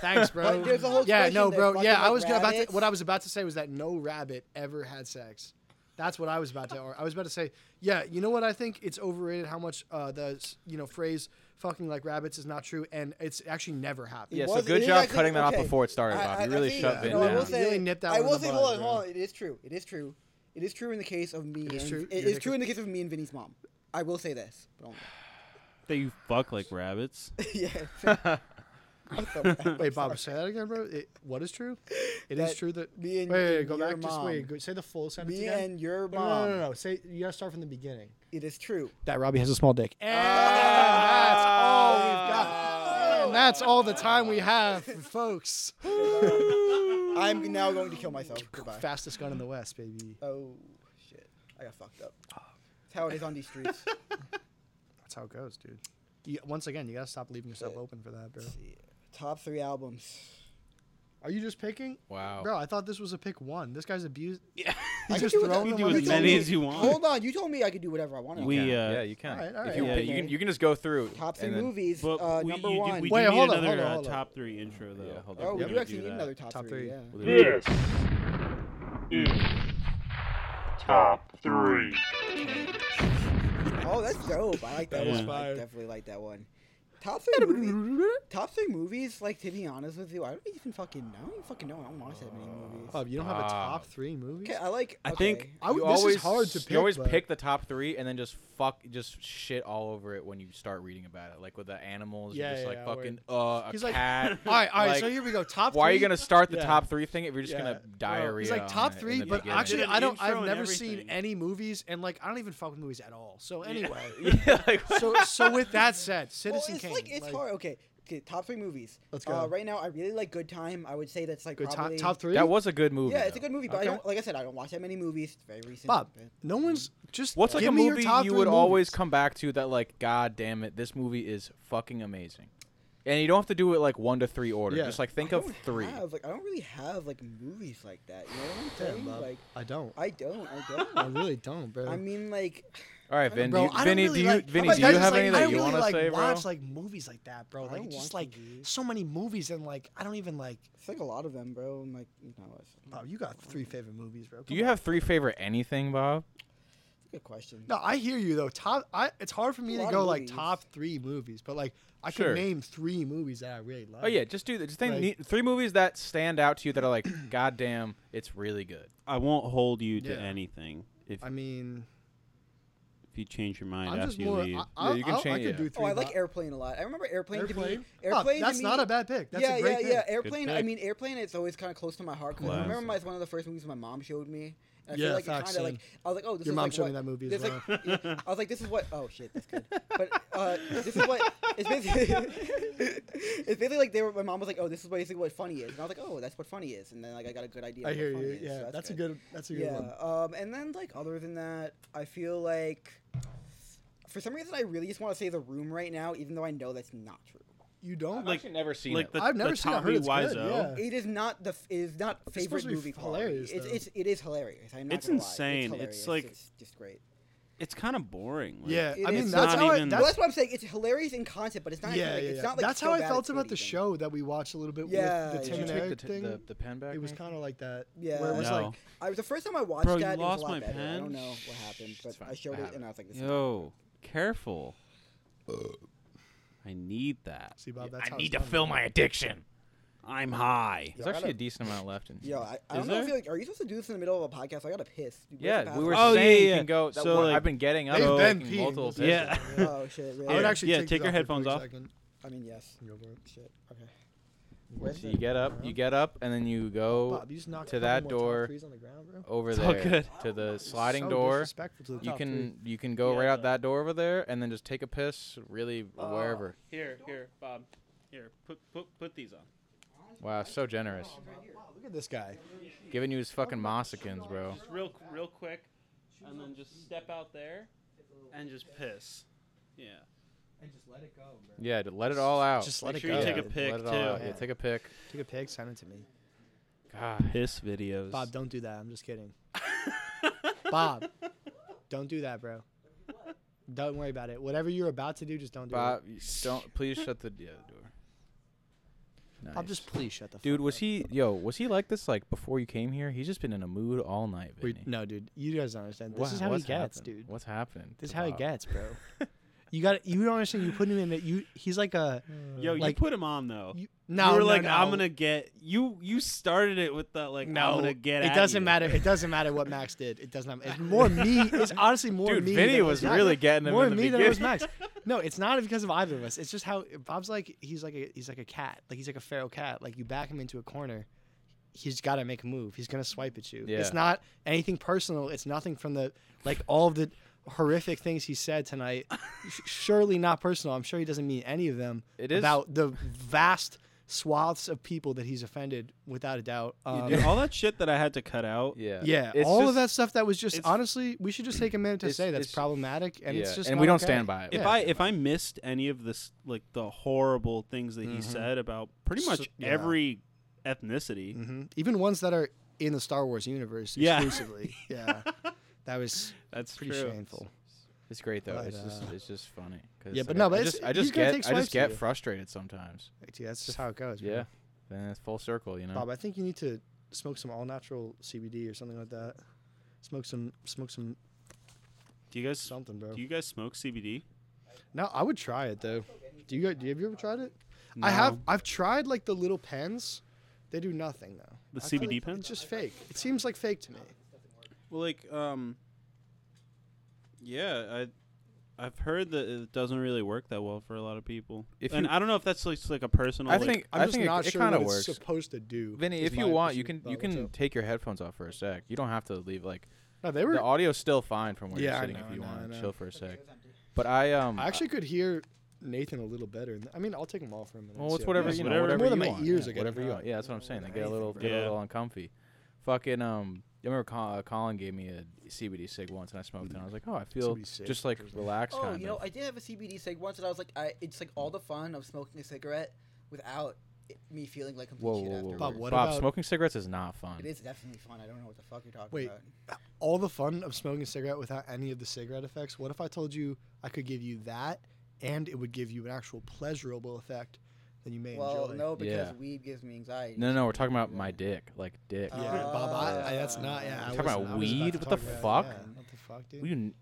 [SPEAKER 2] Thanks, bro.
[SPEAKER 1] But there's a whole
[SPEAKER 2] yeah,
[SPEAKER 1] section
[SPEAKER 2] no,
[SPEAKER 1] that
[SPEAKER 2] bro.
[SPEAKER 1] fucking
[SPEAKER 2] Yeah, I
[SPEAKER 1] like
[SPEAKER 2] was gonna about to,
[SPEAKER 1] rabbits.
[SPEAKER 2] what I was about to say was that no rabbit ever had sex. That's what I was about to. Or I was about to say, yeah, you know what? I think it's overrated how much uh, the s- you know phrase "fucking like rabbits" is not true, and it's actually never happened.
[SPEAKER 4] Yeah, so
[SPEAKER 1] was-
[SPEAKER 4] good
[SPEAKER 1] it is
[SPEAKER 4] job
[SPEAKER 1] actually-
[SPEAKER 4] cutting that off
[SPEAKER 1] okay.
[SPEAKER 4] before it started,
[SPEAKER 1] I-
[SPEAKER 4] Bob.
[SPEAKER 1] I-
[SPEAKER 4] You
[SPEAKER 1] I
[SPEAKER 4] really
[SPEAKER 1] think-
[SPEAKER 4] shut
[SPEAKER 1] no,
[SPEAKER 4] Vin
[SPEAKER 1] I will
[SPEAKER 4] down.
[SPEAKER 1] say,
[SPEAKER 2] You really nipped that
[SPEAKER 1] I
[SPEAKER 2] one
[SPEAKER 1] will
[SPEAKER 2] in the
[SPEAKER 1] say,
[SPEAKER 2] bud,
[SPEAKER 1] hold on,
[SPEAKER 2] bro.
[SPEAKER 1] hold on. It is true. It is true. It is true in the case of me.
[SPEAKER 2] It is
[SPEAKER 1] and,
[SPEAKER 2] true?
[SPEAKER 1] It
[SPEAKER 2] You're
[SPEAKER 1] is true
[SPEAKER 2] naked?
[SPEAKER 1] in the case of me and Vinny's mom. I will say this. But I
[SPEAKER 3] They fuck like rabbits.
[SPEAKER 1] don't- yeah.
[SPEAKER 2] Wait, Bob, say that again, bro. It, what is true? It is That true that me and- wait, wait, and
[SPEAKER 1] your
[SPEAKER 2] go back. Just
[SPEAKER 1] mom-
[SPEAKER 2] wait. Go, say the full sentence
[SPEAKER 1] Me
[SPEAKER 2] again.
[SPEAKER 1] and your
[SPEAKER 2] No, no, no,
[SPEAKER 1] mom.
[SPEAKER 2] no, no. Say you gotta start from the beginning.
[SPEAKER 1] It is true.
[SPEAKER 2] That Robbie has a small dick. And that's all we've got. And that's all the time we have, folks.
[SPEAKER 1] I'm now going to kill myself. Goodbye.
[SPEAKER 2] Fastest gun in the West, baby.
[SPEAKER 1] Oh shit! I got fucked up. That's how it is on these streets.
[SPEAKER 2] That's how it goes, dude. You, once again, you gotta stop leaving yourself open for that, bro.
[SPEAKER 1] Top three albums.
[SPEAKER 2] Are you just picking?
[SPEAKER 4] Wow.
[SPEAKER 2] Bro, I thought this was a pick one. This guy's abused.
[SPEAKER 3] Yeah.
[SPEAKER 1] I
[SPEAKER 2] He's
[SPEAKER 1] can
[SPEAKER 2] just
[SPEAKER 1] do what-
[SPEAKER 2] throwing
[SPEAKER 3] You
[SPEAKER 2] them
[SPEAKER 3] do
[SPEAKER 2] on
[SPEAKER 3] as
[SPEAKER 2] the
[SPEAKER 3] many
[SPEAKER 2] table.
[SPEAKER 3] as you want.
[SPEAKER 1] Hold on, you told me I could do whatever I want.
[SPEAKER 3] We,
[SPEAKER 1] We
[SPEAKER 3] uh,
[SPEAKER 4] yeah, you can.
[SPEAKER 2] all right, all
[SPEAKER 4] If
[SPEAKER 2] right,
[SPEAKER 4] you,
[SPEAKER 2] I'll
[SPEAKER 4] you,
[SPEAKER 2] pick
[SPEAKER 4] can
[SPEAKER 1] one.
[SPEAKER 4] you can just go through.
[SPEAKER 1] top three
[SPEAKER 4] and then-
[SPEAKER 1] movies.
[SPEAKER 3] But
[SPEAKER 1] uh,
[SPEAKER 3] we,
[SPEAKER 1] number
[SPEAKER 3] you
[SPEAKER 1] one.
[SPEAKER 3] Do, we
[SPEAKER 2] Wait,
[SPEAKER 3] do need
[SPEAKER 2] hold on,
[SPEAKER 3] another
[SPEAKER 2] hold on,
[SPEAKER 3] uh,
[SPEAKER 2] hold on.
[SPEAKER 3] top three intro though.
[SPEAKER 4] hold on.
[SPEAKER 1] oh, we
[SPEAKER 4] Yep.
[SPEAKER 1] do actually need another top,
[SPEAKER 2] Top
[SPEAKER 1] three.
[SPEAKER 2] three.
[SPEAKER 1] Yeah.
[SPEAKER 4] We'll do that.
[SPEAKER 7] This is top three.
[SPEAKER 1] Oh, that's dope. I like that
[SPEAKER 3] Yeah.
[SPEAKER 1] one. I
[SPEAKER 2] Fire.
[SPEAKER 1] definitely like that one. Top three movies. Top three movies. Like to be honest with you, I don't even fucking know. I don't even fucking know. I don't watch that many movies.
[SPEAKER 2] Bob, you don't have a top three movies?
[SPEAKER 1] okay, I like.
[SPEAKER 3] I
[SPEAKER 1] okay.
[SPEAKER 3] think-
[SPEAKER 2] I would,
[SPEAKER 4] you
[SPEAKER 2] this
[SPEAKER 4] always,
[SPEAKER 2] is hard to pick.
[SPEAKER 4] You always
[SPEAKER 2] but-
[SPEAKER 4] pick the top three and then just fuck, just shit all over it when you start reading about it. Like with the animals,
[SPEAKER 2] Yeah,
[SPEAKER 4] you're just
[SPEAKER 2] yeah,
[SPEAKER 4] like
[SPEAKER 2] yeah,
[SPEAKER 4] fucking
[SPEAKER 2] word.
[SPEAKER 4] uh, a
[SPEAKER 2] He's like,
[SPEAKER 4] cat.
[SPEAKER 2] All right, all right. so
[SPEAKER 4] Like,
[SPEAKER 2] here we go. Top.
[SPEAKER 4] Why are
[SPEAKER 2] three?
[SPEAKER 4] you gonna start the
[SPEAKER 2] Yeah.
[SPEAKER 4] top three thing if you're just
[SPEAKER 2] Yeah.
[SPEAKER 4] gonna
[SPEAKER 2] Well,
[SPEAKER 4] diarrhea?
[SPEAKER 2] He's like
[SPEAKER 4] on
[SPEAKER 2] top
[SPEAKER 4] it in
[SPEAKER 2] three,
[SPEAKER 4] the
[SPEAKER 2] but
[SPEAKER 4] beginning?
[SPEAKER 2] actually,
[SPEAKER 3] Did an
[SPEAKER 2] I don't.
[SPEAKER 3] intro
[SPEAKER 2] I've
[SPEAKER 3] and
[SPEAKER 2] never seen
[SPEAKER 3] everything.
[SPEAKER 2] any movies, and like I don't even fuck with movies at all. So anyway,
[SPEAKER 4] yeah, like,
[SPEAKER 2] so so with that said,
[SPEAKER 1] Well,
[SPEAKER 2] Citizen
[SPEAKER 1] it's
[SPEAKER 2] Kane.
[SPEAKER 1] like it's hard. Okay, okay. Top three movies.
[SPEAKER 2] Let's
[SPEAKER 1] Uh,
[SPEAKER 2] go.
[SPEAKER 1] right now, I really like Good Time. I would say that's like
[SPEAKER 2] Good top,
[SPEAKER 1] probably
[SPEAKER 2] top three.
[SPEAKER 4] that was a good movie.
[SPEAKER 1] Yeah, it's
[SPEAKER 4] though.
[SPEAKER 1] a good movie, but I
[SPEAKER 2] Okay.
[SPEAKER 1] don't. Like I said, I don't watch that many movies. It's very recent.
[SPEAKER 2] Bob.
[SPEAKER 1] but-
[SPEAKER 2] No one's just.
[SPEAKER 4] What's like
[SPEAKER 2] give
[SPEAKER 4] a
[SPEAKER 2] me your
[SPEAKER 4] movie
[SPEAKER 2] top
[SPEAKER 4] you
[SPEAKER 2] three
[SPEAKER 4] would always
[SPEAKER 2] movies.
[SPEAKER 4] come back to that like, god damn it, this movie is fucking amazing. And you don't have to do it like one to three order.
[SPEAKER 2] Yeah.
[SPEAKER 4] Just like think
[SPEAKER 1] I
[SPEAKER 4] of
[SPEAKER 1] don't
[SPEAKER 4] three.
[SPEAKER 1] Have, like I don't really have like movies like that. You know what I'm saying?
[SPEAKER 2] Damn, Bob.
[SPEAKER 1] like
[SPEAKER 2] I don't.
[SPEAKER 1] I don't. I
[SPEAKER 2] I
[SPEAKER 1] don't.
[SPEAKER 2] really don't, bro.
[SPEAKER 1] I mean, like
[SPEAKER 4] All right, Vin.
[SPEAKER 2] Bro,
[SPEAKER 4] do
[SPEAKER 2] I
[SPEAKER 4] you,
[SPEAKER 2] don't
[SPEAKER 4] Vinny,
[SPEAKER 2] really
[SPEAKER 4] do you,
[SPEAKER 2] like-
[SPEAKER 4] Vinny,
[SPEAKER 2] like,
[SPEAKER 4] do
[SPEAKER 2] I
[SPEAKER 4] you
[SPEAKER 2] just,
[SPEAKER 4] have
[SPEAKER 2] like,
[SPEAKER 4] any
[SPEAKER 2] I
[SPEAKER 4] that
[SPEAKER 2] don't
[SPEAKER 4] you
[SPEAKER 2] really,
[SPEAKER 4] want to
[SPEAKER 2] like,
[SPEAKER 4] say, bro?
[SPEAKER 2] Watch like movies like that, bro. Like
[SPEAKER 1] don't
[SPEAKER 2] it's just
[SPEAKER 1] watch
[SPEAKER 2] like
[SPEAKER 1] movies.
[SPEAKER 2] so many movies, and like I don't even like.
[SPEAKER 1] it's like a lot of them, bro. I'm like, you know, it's
[SPEAKER 2] Bob, you got three favorite movies, bro.
[SPEAKER 4] Do
[SPEAKER 2] Come
[SPEAKER 4] you
[SPEAKER 2] on.
[SPEAKER 4] have three favorite anything, Bob?
[SPEAKER 1] good question.
[SPEAKER 2] No, I hear you though. Top, I it's hard for me
[SPEAKER 1] A
[SPEAKER 2] to
[SPEAKER 1] lot
[SPEAKER 2] go
[SPEAKER 1] of
[SPEAKER 2] like
[SPEAKER 1] movies.
[SPEAKER 2] top three movies, but like I
[SPEAKER 4] Sure.
[SPEAKER 2] could name three movies that I really love.
[SPEAKER 4] Oh yeah, just do that. Just think
[SPEAKER 2] Like-
[SPEAKER 4] ne- three movies that stand out to you that are like, god damn, it's really good.
[SPEAKER 3] I won't hold you to
[SPEAKER 2] Yeah.
[SPEAKER 3] anything. If,
[SPEAKER 2] I mean,
[SPEAKER 3] if you change your mind
[SPEAKER 2] I'm
[SPEAKER 3] after
[SPEAKER 2] just
[SPEAKER 3] you
[SPEAKER 2] more.
[SPEAKER 3] leave,
[SPEAKER 2] I, I,
[SPEAKER 4] Yeah, you can
[SPEAKER 2] I, I
[SPEAKER 4] change-
[SPEAKER 2] could
[SPEAKER 4] yeah.
[SPEAKER 2] do three.
[SPEAKER 1] Oh, I like
[SPEAKER 2] but-
[SPEAKER 1] Airplane a lot. I remember Airplane. To
[SPEAKER 2] Airplane.
[SPEAKER 1] me,
[SPEAKER 2] Bob,
[SPEAKER 1] Airplane. to
[SPEAKER 2] that's not
[SPEAKER 1] me-
[SPEAKER 2] a bad pick. That's
[SPEAKER 1] yeah,
[SPEAKER 2] a great
[SPEAKER 1] yeah,
[SPEAKER 2] pick.
[SPEAKER 1] yeah. Airplane. I
[SPEAKER 3] pick.
[SPEAKER 1] mean, Airplane. It's always kind of close to my heart. 'cause I remember
[SPEAKER 3] Classic.
[SPEAKER 1] my, it's one of the first movies my mom showed me. And I
[SPEAKER 2] Yeah,
[SPEAKER 1] feel like
[SPEAKER 2] facts,
[SPEAKER 1] it kind of like
[SPEAKER 2] same.
[SPEAKER 1] I was like, oh, this
[SPEAKER 2] Your
[SPEAKER 1] is
[SPEAKER 2] mom
[SPEAKER 1] like
[SPEAKER 2] showed me
[SPEAKER 1] what-
[SPEAKER 2] that movie
[SPEAKER 1] this
[SPEAKER 2] as
[SPEAKER 1] like- yeah, I was like, this is what. Oh shit, that's good. But uh, this is what. It's basically. it's basically like they were. My mom was like, oh, this is basically what funny is, and I was like, oh, that's what funny is, and then like I got a good idea.
[SPEAKER 2] I
[SPEAKER 1] of what
[SPEAKER 2] hear
[SPEAKER 1] funny
[SPEAKER 2] you.
[SPEAKER 1] is, so
[SPEAKER 2] Yeah, that's a good. That's a good
[SPEAKER 1] yeah.
[SPEAKER 2] one.
[SPEAKER 1] Um, and then like other than that, I feel like for some reason I really just want to say the room right now, even though I know that's not true.
[SPEAKER 2] You don't
[SPEAKER 3] Like-
[SPEAKER 4] actually never seen
[SPEAKER 3] like
[SPEAKER 4] it.
[SPEAKER 3] the,
[SPEAKER 2] I've never
[SPEAKER 3] the
[SPEAKER 2] seen it. I heard
[SPEAKER 3] Tommy
[SPEAKER 2] it's good,
[SPEAKER 3] Wiseau.
[SPEAKER 2] yeah.
[SPEAKER 1] It is not the. f- It is not favorite
[SPEAKER 2] supposed to be
[SPEAKER 1] movie.
[SPEAKER 2] f-
[SPEAKER 1] quality.
[SPEAKER 2] hilarious,
[SPEAKER 1] It's,
[SPEAKER 2] though.
[SPEAKER 1] it's it is hilarious. I'm not
[SPEAKER 3] It's
[SPEAKER 1] gonna lie.
[SPEAKER 3] insane. It's
[SPEAKER 1] hilarious.
[SPEAKER 3] like-
[SPEAKER 1] it's just great.
[SPEAKER 3] It's kind of boring. Like,
[SPEAKER 2] Yeah,
[SPEAKER 1] It
[SPEAKER 2] I mean
[SPEAKER 1] is.
[SPEAKER 2] that's
[SPEAKER 1] It's
[SPEAKER 2] how
[SPEAKER 3] not
[SPEAKER 2] I,
[SPEAKER 3] even-
[SPEAKER 1] well, that's
[SPEAKER 2] that's,
[SPEAKER 1] what I'm saying. It's hilarious in concept, but it's not.
[SPEAKER 2] yeah,
[SPEAKER 1] like,
[SPEAKER 2] yeah,
[SPEAKER 1] It's
[SPEAKER 2] yeah.
[SPEAKER 1] not like
[SPEAKER 2] that's
[SPEAKER 1] so
[SPEAKER 2] how I
[SPEAKER 1] bad
[SPEAKER 2] felt
[SPEAKER 1] it's
[SPEAKER 2] about
[SPEAKER 1] good
[SPEAKER 2] the
[SPEAKER 1] even.
[SPEAKER 2] show that we watched a little bit
[SPEAKER 1] Yeah,
[SPEAKER 2] with the
[SPEAKER 1] yeah.
[SPEAKER 2] Tim
[SPEAKER 1] Did
[SPEAKER 2] and
[SPEAKER 1] you
[SPEAKER 2] Eric thing.
[SPEAKER 4] pen back?
[SPEAKER 2] it was kind of like that.
[SPEAKER 1] Yeah.
[SPEAKER 2] where it was
[SPEAKER 3] No.
[SPEAKER 2] like
[SPEAKER 1] I was the first time I watched
[SPEAKER 3] Bro, you
[SPEAKER 1] that. it was
[SPEAKER 3] lost
[SPEAKER 1] a
[SPEAKER 3] my
[SPEAKER 1] lot better. I
[SPEAKER 3] pen?
[SPEAKER 1] don't know what happened, but I showed it and I was like, "This is
[SPEAKER 3] Yo, careful. I need that.
[SPEAKER 2] See, Bob, that's how
[SPEAKER 5] I
[SPEAKER 2] it's
[SPEAKER 5] need to
[SPEAKER 2] done.
[SPEAKER 5] fill my addiction.
[SPEAKER 3] I'm high.
[SPEAKER 4] There's actually a decent amount left in.
[SPEAKER 1] Yo, I, I don't
[SPEAKER 3] Is
[SPEAKER 1] know if
[SPEAKER 3] there?
[SPEAKER 1] you like. Are you supposed to do this in the middle of a podcast? I gotta piss. Dude, where's the
[SPEAKER 4] Yeah, we were
[SPEAKER 1] bathroom?
[SPEAKER 3] Oh,
[SPEAKER 4] saying
[SPEAKER 3] yeah,
[SPEAKER 4] you
[SPEAKER 3] yeah.
[SPEAKER 4] can go. That
[SPEAKER 3] So,
[SPEAKER 4] one-
[SPEAKER 3] like-
[SPEAKER 4] I've been getting up.
[SPEAKER 2] They've
[SPEAKER 4] and
[SPEAKER 2] been
[SPEAKER 4] taking
[SPEAKER 2] peeing.
[SPEAKER 4] multiple
[SPEAKER 2] Yeah.
[SPEAKER 4] pisses.
[SPEAKER 1] Oh shit! Really?
[SPEAKER 2] I would
[SPEAKER 3] Yeah,
[SPEAKER 2] actually
[SPEAKER 3] yeah,
[SPEAKER 2] take, these
[SPEAKER 3] take your
[SPEAKER 2] off for a
[SPEAKER 3] headphones
[SPEAKER 2] quick
[SPEAKER 3] off.
[SPEAKER 2] second.
[SPEAKER 1] I mean, yes.
[SPEAKER 2] Go for it.
[SPEAKER 1] Shit. Okay. Where's
[SPEAKER 4] So
[SPEAKER 1] the-
[SPEAKER 4] you get up, you get up, and then you go
[SPEAKER 2] Oh, Bob, you just knocked
[SPEAKER 4] to
[SPEAKER 2] a couple
[SPEAKER 4] that
[SPEAKER 2] more top
[SPEAKER 4] door.
[SPEAKER 2] threes on the ground, bro.
[SPEAKER 4] over
[SPEAKER 3] all
[SPEAKER 4] there
[SPEAKER 3] good.
[SPEAKER 4] to the sliding
[SPEAKER 2] So
[SPEAKER 4] door.
[SPEAKER 2] disrespectful to the
[SPEAKER 4] You
[SPEAKER 2] top three.
[SPEAKER 4] can you can go right out that door over there, and then just take a piss really
[SPEAKER 2] Oh.
[SPEAKER 4] wherever.
[SPEAKER 3] Here, here, Bob. Here, put put put these on.
[SPEAKER 4] Wow, so generous,
[SPEAKER 2] Look at this guy.
[SPEAKER 4] giving you his fucking mossicans, bro.
[SPEAKER 3] real real quick, and then just step out there, and just piss. Yeah.
[SPEAKER 4] Yeah, to let it all out.
[SPEAKER 2] Just
[SPEAKER 3] Make
[SPEAKER 2] let it
[SPEAKER 3] sure
[SPEAKER 2] go.
[SPEAKER 3] you take a
[SPEAKER 4] Yeah,
[SPEAKER 3] pic,
[SPEAKER 4] let it all out.
[SPEAKER 3] too.
[SPEAKER 4] Yeah, take a pic.
[SPEAKER 2] Take a pic, send it to me.
[SPEAKER 4] God,
[SPEAKER 3] Piss videos.
[SPEAKER 2] Bob, don't do that. I'm just kidding. Bob, don't do that, bro. Don't worry about it. Whatever you're about to do, just don't do
[SPEAKER 4] Bob, you don't please shut the yeah, the door.
[SPEAKER 2] it.
[SPEAKER 4] Nice.
[SPEAKER 2] Bob, just please shut the fuck up.
[SPEAKER 4] Dude, was he yo? Was he like this like before you came here? He's just been in a mood all night,
[SPEAKER 2] We-
[SPEAKER 4] Vinny.
[SPEAKER 2] no, dude. You guys don't understand. This
[SPEAKER 4] What-
[SPEAKER 2] is how he
[SPEAKER 4] what's
[SPEAKER 2] gets,
[SPEAKER 4] happened?
[SPEAKER 2] dude.
[SPEAKER 4] What's happening?
[SPEAKER 2] This is
[SPEAKER 4] to
[SPEAKER 2] how he
[SPEAKER 4] Bob?
[SPEAKER 2] gets, bro. You got you don't understand. You put him in that you. He's like a
[SPEAKER 3] Yo, you
[SPEAKER 2] Like-
[SPEAKER 3] put him on though.
[SPEAKER 2] you,
[SPEAKER 3] you
[SPEAKER 2] no.
[SPEAKER 3] were
[SPEAKER 2] no,
[SPEAKER 3] like,
[SPEAKER 2] no.
[SPEAKER 3] I'm gonna get you. You started it with that, like,
[SPEAKER 2] No,
[SPEAKER 3] I'm gonna get.
[SPEAKER 2] it
[SPEAKER 3] at
[SPEAKER 2] doesn't
[SPEAKER 3] you.
[SPEAKER 2] matter. It doesn't matter what Max did. It does not. It's more me. It's honestly more
[SPEAKER 4] Dude,
[SPEAKER 2] me.
[SPEAKER 4] Vinny
[SPEAKER 2] than it
[SPEAKER 4] was
[SPEAKER 2] Max.
[SPEAKER 4] really getting him
[SPEAKER 2] more
[SPEAKER 4] in the
[SPEAKER 2] me than it was
[SPEAKER 4] beginning.
[SPEAKER 2] Max. No, it's not because of either of us. It's just how Bob's like. He's like a he's like a cat. Like he's like a feral cat. Like you back him into a corner, he's got to make a move. He's gonna swipe at you.
[SPEAKER 4] Yeah.
[SPEAKER 2] It's not anything personal. It's nothing from the like all of the horrific things he said tonight. sh- surely not personal. I'm sure he doesn't mean any of them.
[SPEAKER 4] It is-
[SPEAKER 2] about the vast swaths of people that he's offended, without a doubt. Um,
[SPEAKER 3] Dude, all that shit that I had to cut out.
[SPEAKER 4] Yeah.
[SPEAKER 2] yeah,
[SPEAKER 4] It's
[SPEAKER 2] all of
[SPEAKER 4] just-
[SPEAKER 2] that stuff that was just
[SPEAKER 3] it's-
[SPEAKER 2] honestly, we should just take a minute to
[SPEAKER 4] it's-
[SPEAKER 2] say that's
[SPEAKER 4] it's-
[SPEAKER 2] problematic, and it's
[SPEAKER 4] yeah,
[SPEAKER 2] just
[SPEAKER 4] and
[SPEAKER 2] not
[SPEAKER 4] we don't
[SPEAKER 2] okay.
[SPEAKER 4] stand by it.
[SPEAKER 3] If
[SPEAKER 2] Yeah.
[SPEAKER 3] I if I missed any of this, like the horrible things that he said about pretty much
[SPEAKER 2] Mm-hmm. So- yeah.
[SPEAKER 3] every ethnicity,
[SPEAKER 2] hmm even ones that are in the Star Wars universe
[SPEAKER 3] Yeah.
[SPEAKER 2] exclusively, yeah, that was
[SPEAKER 3] that's
[SPEAKER 2] pretty
[SPEAKER 3] true.
[SPEAKER 2] shameful.
[SPEAKER 4] It's great though.
[SPEAKER 2] But,
[SPEAKER 4] it's just
[SPEAKER 2] uh,
[SPEAKER 4] it's just funny. 'cause,
[SPEAKER 2] yeah, but
[SPEAKER 4] like,
[SPEAKER 2] no,
[SPEAKER 4] I-
[SPEAKER 2] but
[SPEAKER 4] I
[SPEAKER 2] it's-
[SPEAKER 4] just I
[SPEAKER 2] he's
[SPEAKER 4] just
[SPEAKER 2] gonna
[SPEAKER 4] get
[SPEAKER 2] take
[SPEAKER 4] I
[SPEAKER 2] swipes
[SPEAKER 4] just
[SPEAKER 2] at
[SPEAKER 4] get
[SPEAKER 2] you.
[SPEAKER 4] frustrated sometimes.
[SPEAKER 2] Like, dude, that's just how it goes. man.
[SPEAKER 4] Yeah, then it's full circle, you know.
[SPEAKER 2] Bob, I think you need to smoke some all natural CBD or something like that. Smoke some, smoke some
[SPEAKER 3] Do you guys
[SPEAKER 2] something, bro.
[SPEAKER 3] do you guys smoke CBD?
[SPEAKER 2] No, I would try it though. Do you? guys- Do you, have you ever tried it? I have. I've tried like the little pens. They do nothing though.
[SPEAKER 3] The
[SPEAKER 2] I feel
[SPEAKER 3] CBD
[SPEAKER 2] like
[SPEAKER 3] pens?
[SPEAKER 2] It's just fake. It seems like fake to me.
[SPEAKER 3] Well, like, um, yeah, I, I've heard that it doesn't really work that well for a lot of people.
[SPEAKER 4] If
[SPEAKER 3] and
[SPEAKER 4] you-
[SPEAKER 3] I don't know if that's like, s- like a personal.
[SPEAKER 4] I
[SPEAKER 3] like-
[SPEAKER 4] think
[SPEAKER 2] I'm
[SPEAKER 4] I
[SPEAKER 2] just
[SPEAKER 4] think
[SPEAKER 2] not
[SPEAKER 4] it,
[SPEAKER 2] sure
[SPEAKER 4] it kind
[SPEAKER 2] what
[SPEAKER 4] of works.
[SPEAKER 2] it's supposed to do.
[SPEAKER 4] Vinny,
[SPEAKER 2] is
[SPEAKER 4] if you
[SPEAKER 2] my
[SPEAKER 4] want,
[SPEAKER 2] issue.
[SPEAKER 4] you can
[SPEAKER 2] Oh,
[SPEAKER 4] you
[SPEAKER 2] what's
[SPEAKER 4] can
[SPEAKER 2] up?
[SPEAKER 4] take your headphones off for a sec. You don't have to leave. Like
[SPEAKER 2] No, they
[SPEAKER 4] the
[SPEAKER 2] were.
[SPEAKER 4] audio's still fine from where
[SPEAKER 2] Yeah, I
[SPEAKER 4] you're sitting
[SPEAKER 2] know, I
[SPEAKER 4] if you
[SPEAKER 2] know, I
[SPEAKER 4] want
[SPEAKER 2] know.
[SPEAKER 4] to chill for a sec. But I um
[SPEAKER 2] I actually could hear Nathan a little better. I mean, I'll take them all for a minute.
[SPEAKER 4] Well, it's
[SPEAKER 2] yeah.
[SPEAKER 4] whatever
[SPEAKER 3] it's
[SPEAKER 4] you know.
[SPEAKER 3] whatever.
[SPEAKER 4] Whatever
[SPEAKER 2] More than
[SPEAKER 4] you
[SPEAKER 2] my
[SPEAKER 4] want,
[SPEAKER 2] ears
[SPEAKER 4] yeah,
[SPEAKER 2] are getting
[SPEAKER 4] Whatever you
[SPEAKER 2] hurt.
[SPEAKER 4] want. Yeah, that's what I'm saying. They get a little,
[SPEAKER 3] bro.
[SPEAKER 4] get a
[SPEAKER 3] Yeah.
[SPEAKER 4] little uncomfy. Fucking um, I remember Col- uh, Colin gave me a CBD cig once, and I smoked it. and I was like, oh, I feel
[SPEAKER 2] CBD cig
[SPEAKER 4] just like relaxed,
[SPEAKER 1] Oh,
[SPEAKER 4] kind
[SPEAKER 1] you
[SPEAKER 4] of.
[SPEAKER 1] know, I did have a CBD cig once, and I was like, I, it's like all the fun of smoking a cigarette without it, me feeling like complete
[SPEAKER 4] whoa,
[SPEAKER 1] shit
[SPEAKER 4] whoa, whoa,
[SPEAKER 1] afterwards.
[SPEAKER 2] Bob, what
[SPEAKER 4] Bob,
[SPEAKER 2] about-
[SPEAKER 4] smoking cigarettes is not fun.
[SPEAKER 1] It is definitely fun. I don't know what the fuck you're talking
[SPEAKER 2] Wait.
[SPEAKER 1] about.
[SPEAKER 2] all the fun of smoking a cigarette without any of the cigarette effects. What if I told you I could give you that, and it would give you an actual pleasurable effect that you may
[SPEAKER 1] Well,
[SPEAKER 2] enjoy?
[SPEAKER 1] no, because
[SPEAKER 4] Yeah.
[SPEAKER 1] weed gives me anxiety.
[SPEAKER 4] No, no, we're talking about my dick, like
[SPEAKER 1] Uh,
[SPEAKER 4] dick.
[SPEAKER 2] Yeah, Bob, I, I, that's not. Yeah, I
[SPEAKER 4] Talking about
[SPEAKER 2] wasn't- I was
[SPEAKER 4] weed?
[SPEAKER 2] about to
[SPEAKER 4] What the
[SPEAKER 2] talk
[SPEAKER 4] fuck?
[SPEAKER 2] about- yeah, what the fuck, dude?
[SPEAKER 4] you, n-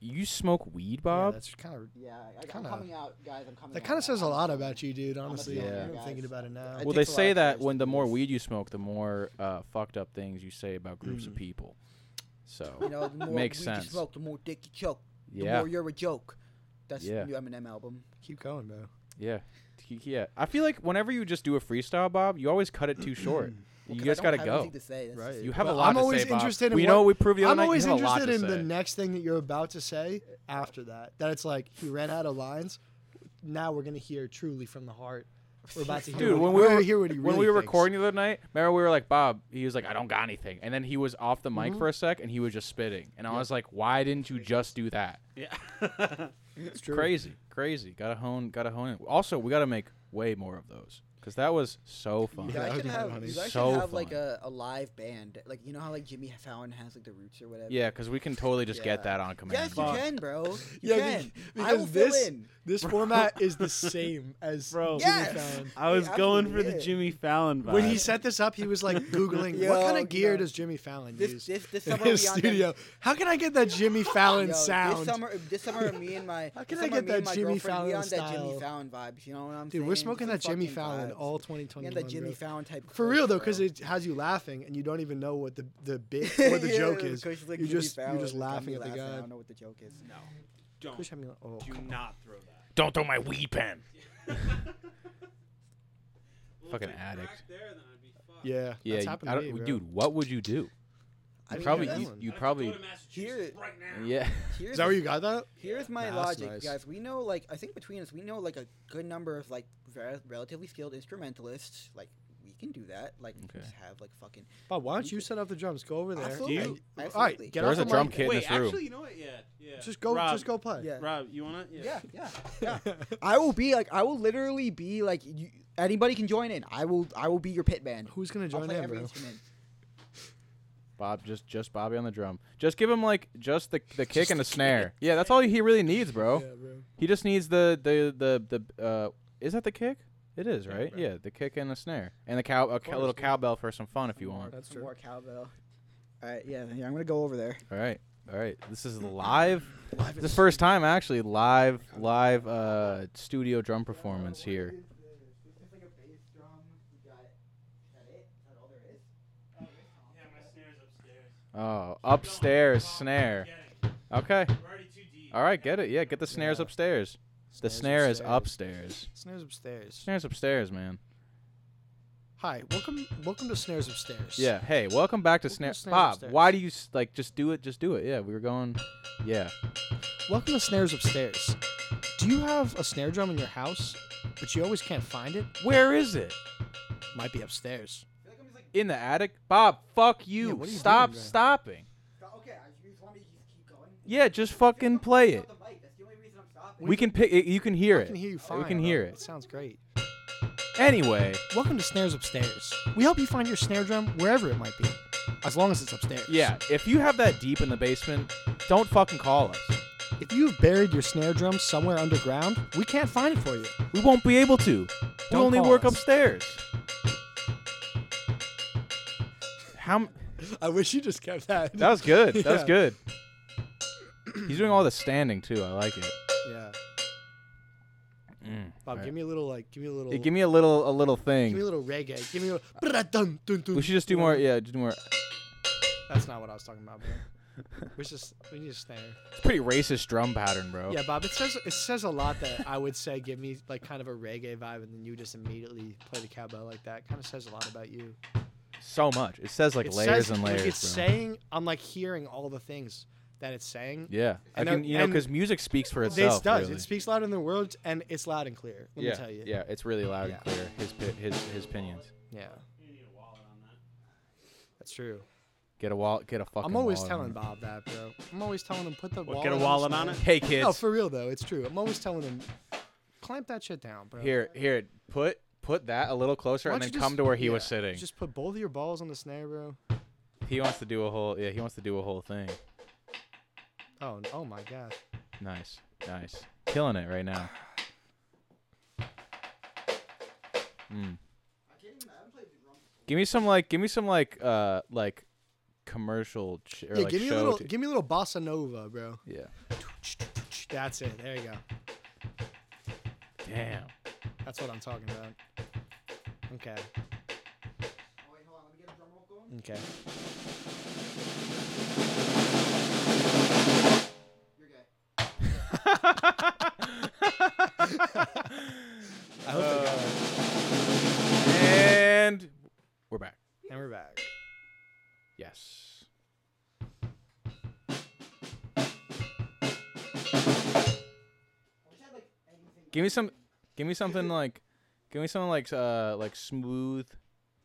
[SPEAKER 4] you smoke weed,
[SPEAKER 2] Yeah,
[SPEAKER 4] Bob?
[SPEAKER 2] that's kind of
[SPEAKER 1] Yeah, I, I'm
[SPEAKER 2] Kinda-
[SPEAKER 1] coming out, guys. I'm coming
[SPEAKER 2] that
[SPEAKER 1] out
[SPEAKER 2] kind
[SPEAKER 1] now.
[SPEAKER 2] of says a
[SPEAKER 1] I'm
[SPEAKER 2] lot
[SPEAKER 1] sorry.
[SPEAKER 2] about you, dude. Honestly,
[SPEAKER 4] Yeah.
[SPEAKER 2] I'm
[SPEAKER 1] guys.
[SPEAKER 2] thinking about it now.
[SPEAKER 1] I
[SPEAKER 4] well,
[SPEAKER 1] It
[SPEAKER 4] they
[SPEAKER 1] takes a lot
[SPEAKER 4] say
[SPEAKER 1] of
[SPEAKER 4] that
[SPEAKER 1] guys
[SPEAKER 4] when
[SPEAKER 1] to
[SPEAKER 4] the
[SPEAKER 1] do
[SPEAKER 4] more
[SPEAKER 1] this.
[SPEAKER 4] weed you smoke, the more uh, fucked up things you say about groups of people. So
[SPEAKER 1] You know, the more
[SPEAKER 4] Makes
[SPEAKER 1] weed
[SPEAKER 4] sense.
[SPEAKER 1] you smoke, the more dick you choke. The
[SPEAKER 4] yeah,
[SPEAKER 1] more you're a joke. That's
[SPEAKER 4] Yeah.
[SPEAKER 1] the new Eminem album.
[SPEAKER 2] Keep going, bro.
[SPEAKER 4] Yeah. T- Yeah. I feel like whenever you just do a freestyle, Bob, you always cut it too short. you
[SPEAKER 1] 'Cause I
[SPEAKER 4] just
[SPEAKER 1] don't
[SPEAKER 4] got to
[SPEAKER 1] have
[SPEAKER 4] go.
[SPEAKER 1] anything to say. That's
[SPEAKER 2] Right.
[SPEAKER 4] You have a
[SPEAKER 2] But
[SPEAKER 4] lot
[SPEAKER 2] Mm. I'm
[SPEAKER 4] to
[SPEAKER 2] always
[SPEAKER 4] say, Bob.
[SPEAKER 2] interested in
[SPEAKER 4] we
[SPEAKER 2] what-
[SPEAKER 4] know we proved the other
[SPEAKER 2] I'm
[SPEAKER 4] night.
[SPEAKER 2] always
[SPEAKER 4] you have a lot
[SPEAKER 2] interested
[SPEAKER 4] to
[SPEAKER 2] in the
[SPEAKER 4] say.
[SPEAKER 2] next thing that you're about to say after that. That it's like he ran out of lines. Now we're gonna hear truly from the heart. We're about to hear.
[SPEAKER 4] Dude,
[SPEAKER 2] what-
[SPEAKER 4] when
[SPEAKER 2] we're
[SPEAKER 4] we
[SPEAKER 2] gonna
[SPEAKER 4] were
[SPEAKER 2] hear what he
[SPEAKER 4] when
[SPEAKER 2] really
[SPEAKER 4] we were
[SPEAKER 2] thinks.
[SPEAKER 4] recording the other night, remember we were like, Bob, he was like, I don't got anything, and then he was off the
[SPEAKER 1] Mm-hmm.
[SPEAKER 4] mic for a sec, and he was just spitting, and I was like, Why didn't you just do that?
[SPEAKER 3] Yeah.
[SPEAKER 2] it's true.
[SPEAKER 4] Crazy, crazy. Gotta hone, gotta hone it. Also, we gotta make way more of those because that was so fun.
[SPEAKER 1] You guys
[SPEAKER 2] that
[SPEAKER 1] should
[SPEAKER 2] was
[SPEAKER 1] have,
[SPEAKER 2] funny.
[SPEAKER 1] you guys should
[SPEAKER 4] So
[SPEAKER 1] have like
[SPEAKER 4] fun.
[SPEAKER 1] a, a live band. Like, you know how like Jimmy Fallon has like the roots or whatever?
[SPEAKER 4] Yeah, because we can totally just
[SPEAKER 1] Yeah.
[SPEAKER 4] get that on command.
[SPEAKER 1] Yes, you
[SPEAKER 3] Fuck.
[SPEAKER 1] can, bro. You
[SPEAKER 2] Yeah,
[SPEAKER 1] can.
[SPEAKER 2] be-
[SPEAKER 1] I will
[SPEAKER 2] because
[SPEAKER 1] fill
[SPEAKER 2] this-
[SPEAKER 1] in.
[SPEAKER 2] This format is the same as
[SPEAKER 3] Bro.
[SPEAKER 2] Jimmy
[SPEAKER 1] Yes!
[SPEAKER 2] Fallon.
[SPEAKER 3] I was
[SPEAKER 1] Yeah,
[SPEAKER 3] going for the
[SPEAKER 1] absolutely.
[SPEAKER 3] Jimmy Fallon vibe.
[SPEAKER 2] When he set this up, he was like googling what
[SPEAKER 1] Yo,
[SPEAKER 2] kind of gear
[SPEAKER 1] yo.
[SPEAKER 2] does Jimmy Fallon
[SPEAKER 1] This
[SPEAKER 2] use
[SPEAKER 1] this this
[SPEAKER 2] in
[SPEAKER 1] summer
[SPEAKER 2] his
[SPEAKER 1] we on
[SPEAKER 2] studio? How can I get that Jimmy
[SPEAKER 1] That,
[SPEAKER 2] Fallon
[SPEAKER 1] yo,
[SPEAKER 2] sound?
[SPEAKER 1] This summer, this summer, me and my
[SPEAKER 2] How
[SPEAKER 1] this
[SPEAKER 2] can I
[SPEAKER 1] summer,
[SPEAKER 2] get
[SPEAKER 1] me and
[SPEAKER 2] that
[SPEAKER 1] my
[SPEAKER 2] Jimmy
[SPEAKER 1] girlfriend, We
[SPEAKER 2] Fallon
[SPEAKER 1] on that
[SPEAKER 2] style?
[SPEAKER 1] Jimmy Fallon vibes. You know what I'm
[SPEAKER 2] Dude,
[SPEAKER 1] saying?
[SPEAKER 2] we're smoking that
[SPEAKER 1] Just
[SPEAKER 2] Jimmy
[SPEAKER 1] fucking
[SPEAKER 2] Fallon
[SPEAKER 1] vibes.
[SPEAKER 2] all
[SPEAKER 1] We had
[SPEAKER 2] 2021.
[SPEAKER 1] that Jimmy
[SPEAKER 2] bro.
[SPEAKER 1] Fallon type.
[SPEAKER 2] For real though, because
[SPEAKER 1] because
[SPEAKER 2] it has you laughing and you don't even know what the the bit or the joke is.
[SPEAKER 1] Like
[SPEAKER 2] you're
[SPEAKER 1] Jimmy
[SPEAKER 2] just
[SPEAKER 1] Fallon,
[SPEAKER 2] you're just
[SPEAKER 1] and I'm
[SPEAKER 2] laughing at the
[SPEAKER 1] laughing, I
[SPEAKER 2] guy.
[SPEAKER 1] don't know what the joke is. No.
[SPEAKER 2] Kush had me like, oh,
[SPEAKER 11] Do not throw that.
[SPEAKER 9] Don't throw my weed pen.
[SPEAKER 4] Fucking addict.
[SPEAKER 2] yeah,
[SPEAKER 4] Yeah,
[SPEAKER 2] that's
[SPEAKER 4] you-
[SPEAKER 2] happened
[SPEAKER 4] I
[SPEAKER 2] to
[SPEAKER 4] don't-
[SPEAKER 2] me, bro.
[SPEAKER 4] dude. What would you do?
[SPEAKER 1] I
[SPEAKER 4] You
[SPEAKER 1] mean,
[SPEAKER 4] probably,
[SPEAKER 1] that's-
[SPEAKER 4] you,
[SPEAKER 2] one.
[SPEAKER 4] you probably,
[SPEAKER 1] Here,
[SPEAKER 9] Right now.
[SPEAKER 4] yeah.
[SPEAKER 1] here's
[SPEAKER 2] Is that where you got that?
[SPEAKER 1] Here's my
[SPEAKER 2] Nah, that's
[SPEAKER 1] logic,
[SPEAKER 2] nice.
[SPEAKER 1] guys. We know, like, I think between us, we know, like, a good number of, like, re- relatively skilled instrumentalists. Like, we can do that. Like, we
[SPEAKER 4] Okay.
[SPEAKER 1] can just have, like, fucking.
[SPEAKER 2] Bob, why don't you set up the drums? Go over there.
[SPEAKER 1] Absolutely.
[SPEAKER 3] Do
[SPEAKER 2] and-
[SPEAKER 1] Absolutely.
[SPEAKER 2] All right, get
[SPEAKER 4] There is
[SPEAKER 2] off
[SPEAKER 4] a
[SPEAKER 2] the
[SPEAKER 4] drum
[SPEAKER 2] mic.
[SPEAKER 4] kit in this room.
[SPEAKER 3] you know what? Yeah, yeah.
[SPEAKER 2] Just go,
[SPEAKER 3] Rob,
[SPEAKER 2] just go play.
[SPEAKER 1] Yeah.
[SPEAKER 3] Rob, you want it?
[SPEAKER 1] Yeah, yeah, yeah. I will be, like, I will literally be, like, you, anybody can join in. I will, I will be your pit band.
[SPEAKER 2] Who's gonna
[SPEAKER 1] I'll
[SPEAKER 2] join
[SPEAKER 1] play
[SPEAKER 2] in,
[SPEAKER 1] every
[SPEAKER 2] bro?
[SPEAKER 1] instrument.
[SPEAKER 4] Bob, just just Bobby on the drum. Just give him like just the the kick and the snare. Yeah, that's all he really needs, bro.
[SPEAKER 2] Yeah, bro.
[SPEAKER 4] He just needs the the the the. Uh, is that the kick? It is, right? Yeah, the kick and the snare and the cow a ca- little cowbell for some fun if you want.
[SPEAKER 2] That's
[SPEAKER 1] Some
[SPEAKER 2] true.
[SPEAKER 1] More cowbell. All right, yeah, yeah. I'm gonna go over there.
[SPEAKER 4] All right, all right. This is live
[SPEAKER 12] live.
[SPEAKER 4] The first time actually live live uh, studio drum performance here. Oh, upstairs snare. Okay. All right, get it. Yeah, get the snares upstairs. The snare is upstairs.
[SPEAKER 12] Snares upstairs.
[SPEAKER 4] Snares upstairs, man.
[SPEAKER 12] Hi, welcome, welcome to Snares upstairs.
[SPEAKER 4] Yeah. Hey, welcome back to snare.
[SPEAKER 12] to Snares
[SPEAKER 4] Bob,
[SPEAKER 12] Upstairs.
[SPEAKER 4] why do you s- like just do it? Just do it. Yeah, we were going. Yeah.
[SPEAKER 12] Welcome to Snares upstairs.
[SPEAKER 2] Do you have a snare drum in your house, but you always can't find it?
[SPEAKER 4] Where is it?
[SPEAKER 2] Might be upstairs.
[SPEAKER 4] In the attic. Bob, fuck you.
[SPEAKER 12] what are you
[SPEAKER 4] Stop
[SPEAKER 12] doing, bro?
[SPEAKER 4] stopping.
[SPEAKER 13] Okay, you just want me to just keep going?
[SPEAKER 4] Yeah, just fucking play it.
[SPEAKER 13] the mic. That's the only reason I'm stopping.
[SPEAKER 4] We can pick. You can hear it.
[SPEAKER 2] I can hear you fine.
[SPEAKER 4] We can
[SPEAKER 2] though.
[SPEAKER 4] hear it.
[SPEAKER 2] It sounds great.
[SPEAKER 4] Anyway,
[SPEAKER 2] Welcome to Snares Upstairs. We help you find your snare drum wherever it might be, as long as it's upstairs.
[SPEAKER 4] yeah. If you have that deep in the basement, don't fucking call us.
[SPEAKER 2] If you've buried your snare drum somewhere underground, we can't find it for you.
[SPEAKER 4] We won't be able to. We
[SPEAKER 2] Don't
[SPEAKER 4] only
[SPEAKER 2] call
[SPEAKER 4] work
[SPEAKER 2] us.
[SPEAKER 4] upstairs. How? m-
[SPEAKER 12] I wish you just kept that.
[SPEAKER 4] That was good. That was
[SPEAKER 12] Yeah.
[SPEAKER 4] good. He's doing all the standing too. I like it.
[SPEAKER 12] Yeah.
[SPEAKER 4] Mm.
[SPEAKER 12] Bob,
[SPEAKER 4] Alright.
[SPEAKER 12] give me a little like, give me a little,
[SPEAKER 4] Yeah, give me a little, a little
[SPEAKER 12] give me a
[SPEAKER 4] thing.
[SPEAKER 12] little reggae. Give me a little. Dun, dun, dun,
[SPEAKER 4] We should just do
[SPEAKER 12] you know?
[SPEAKER 4] more. Yeah, just do more.
[SPEAKER 2] That's not what I was talking about, bro. we just we need a snare.
[SPEAKER 4] It's a pretty racist drum pattern, bro.
[SPEAKER 2] Yeah, Bob. It says it says a lot that I would say give me like kind of a reggae vibe, and then you just immediately play the cowbell like that. Kind of says a lot about you.
[SPEAKER 4] So much. It says like
[SPEAKER 2] It
[SPEAKER 4] layers
[SPEAKER 2] says-
[SPEAKER 4] and
[SPEAKER 2] like,
[SPEAKER 4] layers.
[SPEAKER 2] it's
[SPEAKER 4] bro.
[SPEAKER 2] saying I'm like hearing all the things that it's saying.
[SPEAKER 4] Yeah, I
[SPEAKER 2] And I-
[SPEAKER 4] can, you know,
[SPEAKER 2] and-
[SPEAKER 4] because music speaks for
[SPEAKER 2] This
[SPEAKER 4] itself.
[SPEAKER 2] does.
[SPEAKER 4] really.
[SPEAKER 2] It speaks louder than the words, and it's loud and clear. Let
[SPEAKER 4] yeah,
[SPEAKER 2] me tell you.
[SPEAKER 4] yeah, it's really loud
[SPEAKER 2] Yeah.
[SPEAKER 4] and clear. His pi- his his opinions.
[SPEAKER 2] Yeah. That's true.
[SPEAKER 4] Get a wall. Get a fucking.
[SPEAKER 2] I'm always
[SPEAKER 4] wallet
[SPEAKER 2] telling
[SPEAKER 4] on.
[SPEAKER 2] Bob that, bro. I'm always telling him put the
[SPEAKER 3] What,
[SPEAKER 2] wallet.
[SPEAKER 3] get a
[SPEAKER 2] on the
[SPEAKER 3] wallet on
[SPEAKER 2] stand.
[SPEAKER 3] it?
[SPEAKER 4] Hey kids,
[SPEAKER 2] No, for real though, it's true. I'm always telling him clamp that shit down, bro.
[SPEAKER 4] here here put put that a little closer
[SPEAKER 2] Why
[SPEAKER 4] and
[SPEAKER 2] don't
[SPEAKER 4] then
[SPEAKER 2] you
[SPEAKER 4] come
[SPEAKER 2] just-
[SPEAKER 4] to where he
[SPEAKER 2] yeah,
[SPEAKER 4] was sitting.
[SPEAKER 2] Just put both of your balls on the snare, bro.
[SPEAKER 4] He wants to do a whole yeah. He wants to do a whole thing.
[SPEAKER 2] Oh, n- oh my god.
[SPEAKER 4] Nice, nice, killing it right now. Mm. Give me some like give me some like uh like commercial ch- or
[SPEAKER 2] yeah,
[SPEAKER 4] like
[SPEAKER 2] give me
[SPEAKER 4] show.
[SPEAKER 2] a little,
[SPEAKER 4] t-
[SPEAKER 2] give me a little bossa nova, bro.
[SPEAKER 4] yeah.
[SPEAKER 2] That's it. There you go.
[SPEAKER 4] Damn.
[SPEAKER 2] That's what I'm talking about. Okay. Okay. I hope they got it.
[SPEAKER 4] And we're back.
[SPEAKER 2] And we're back.
[SPEAKER 4] Yes. Give me some. Give me something like. Give me something like uh like smooth.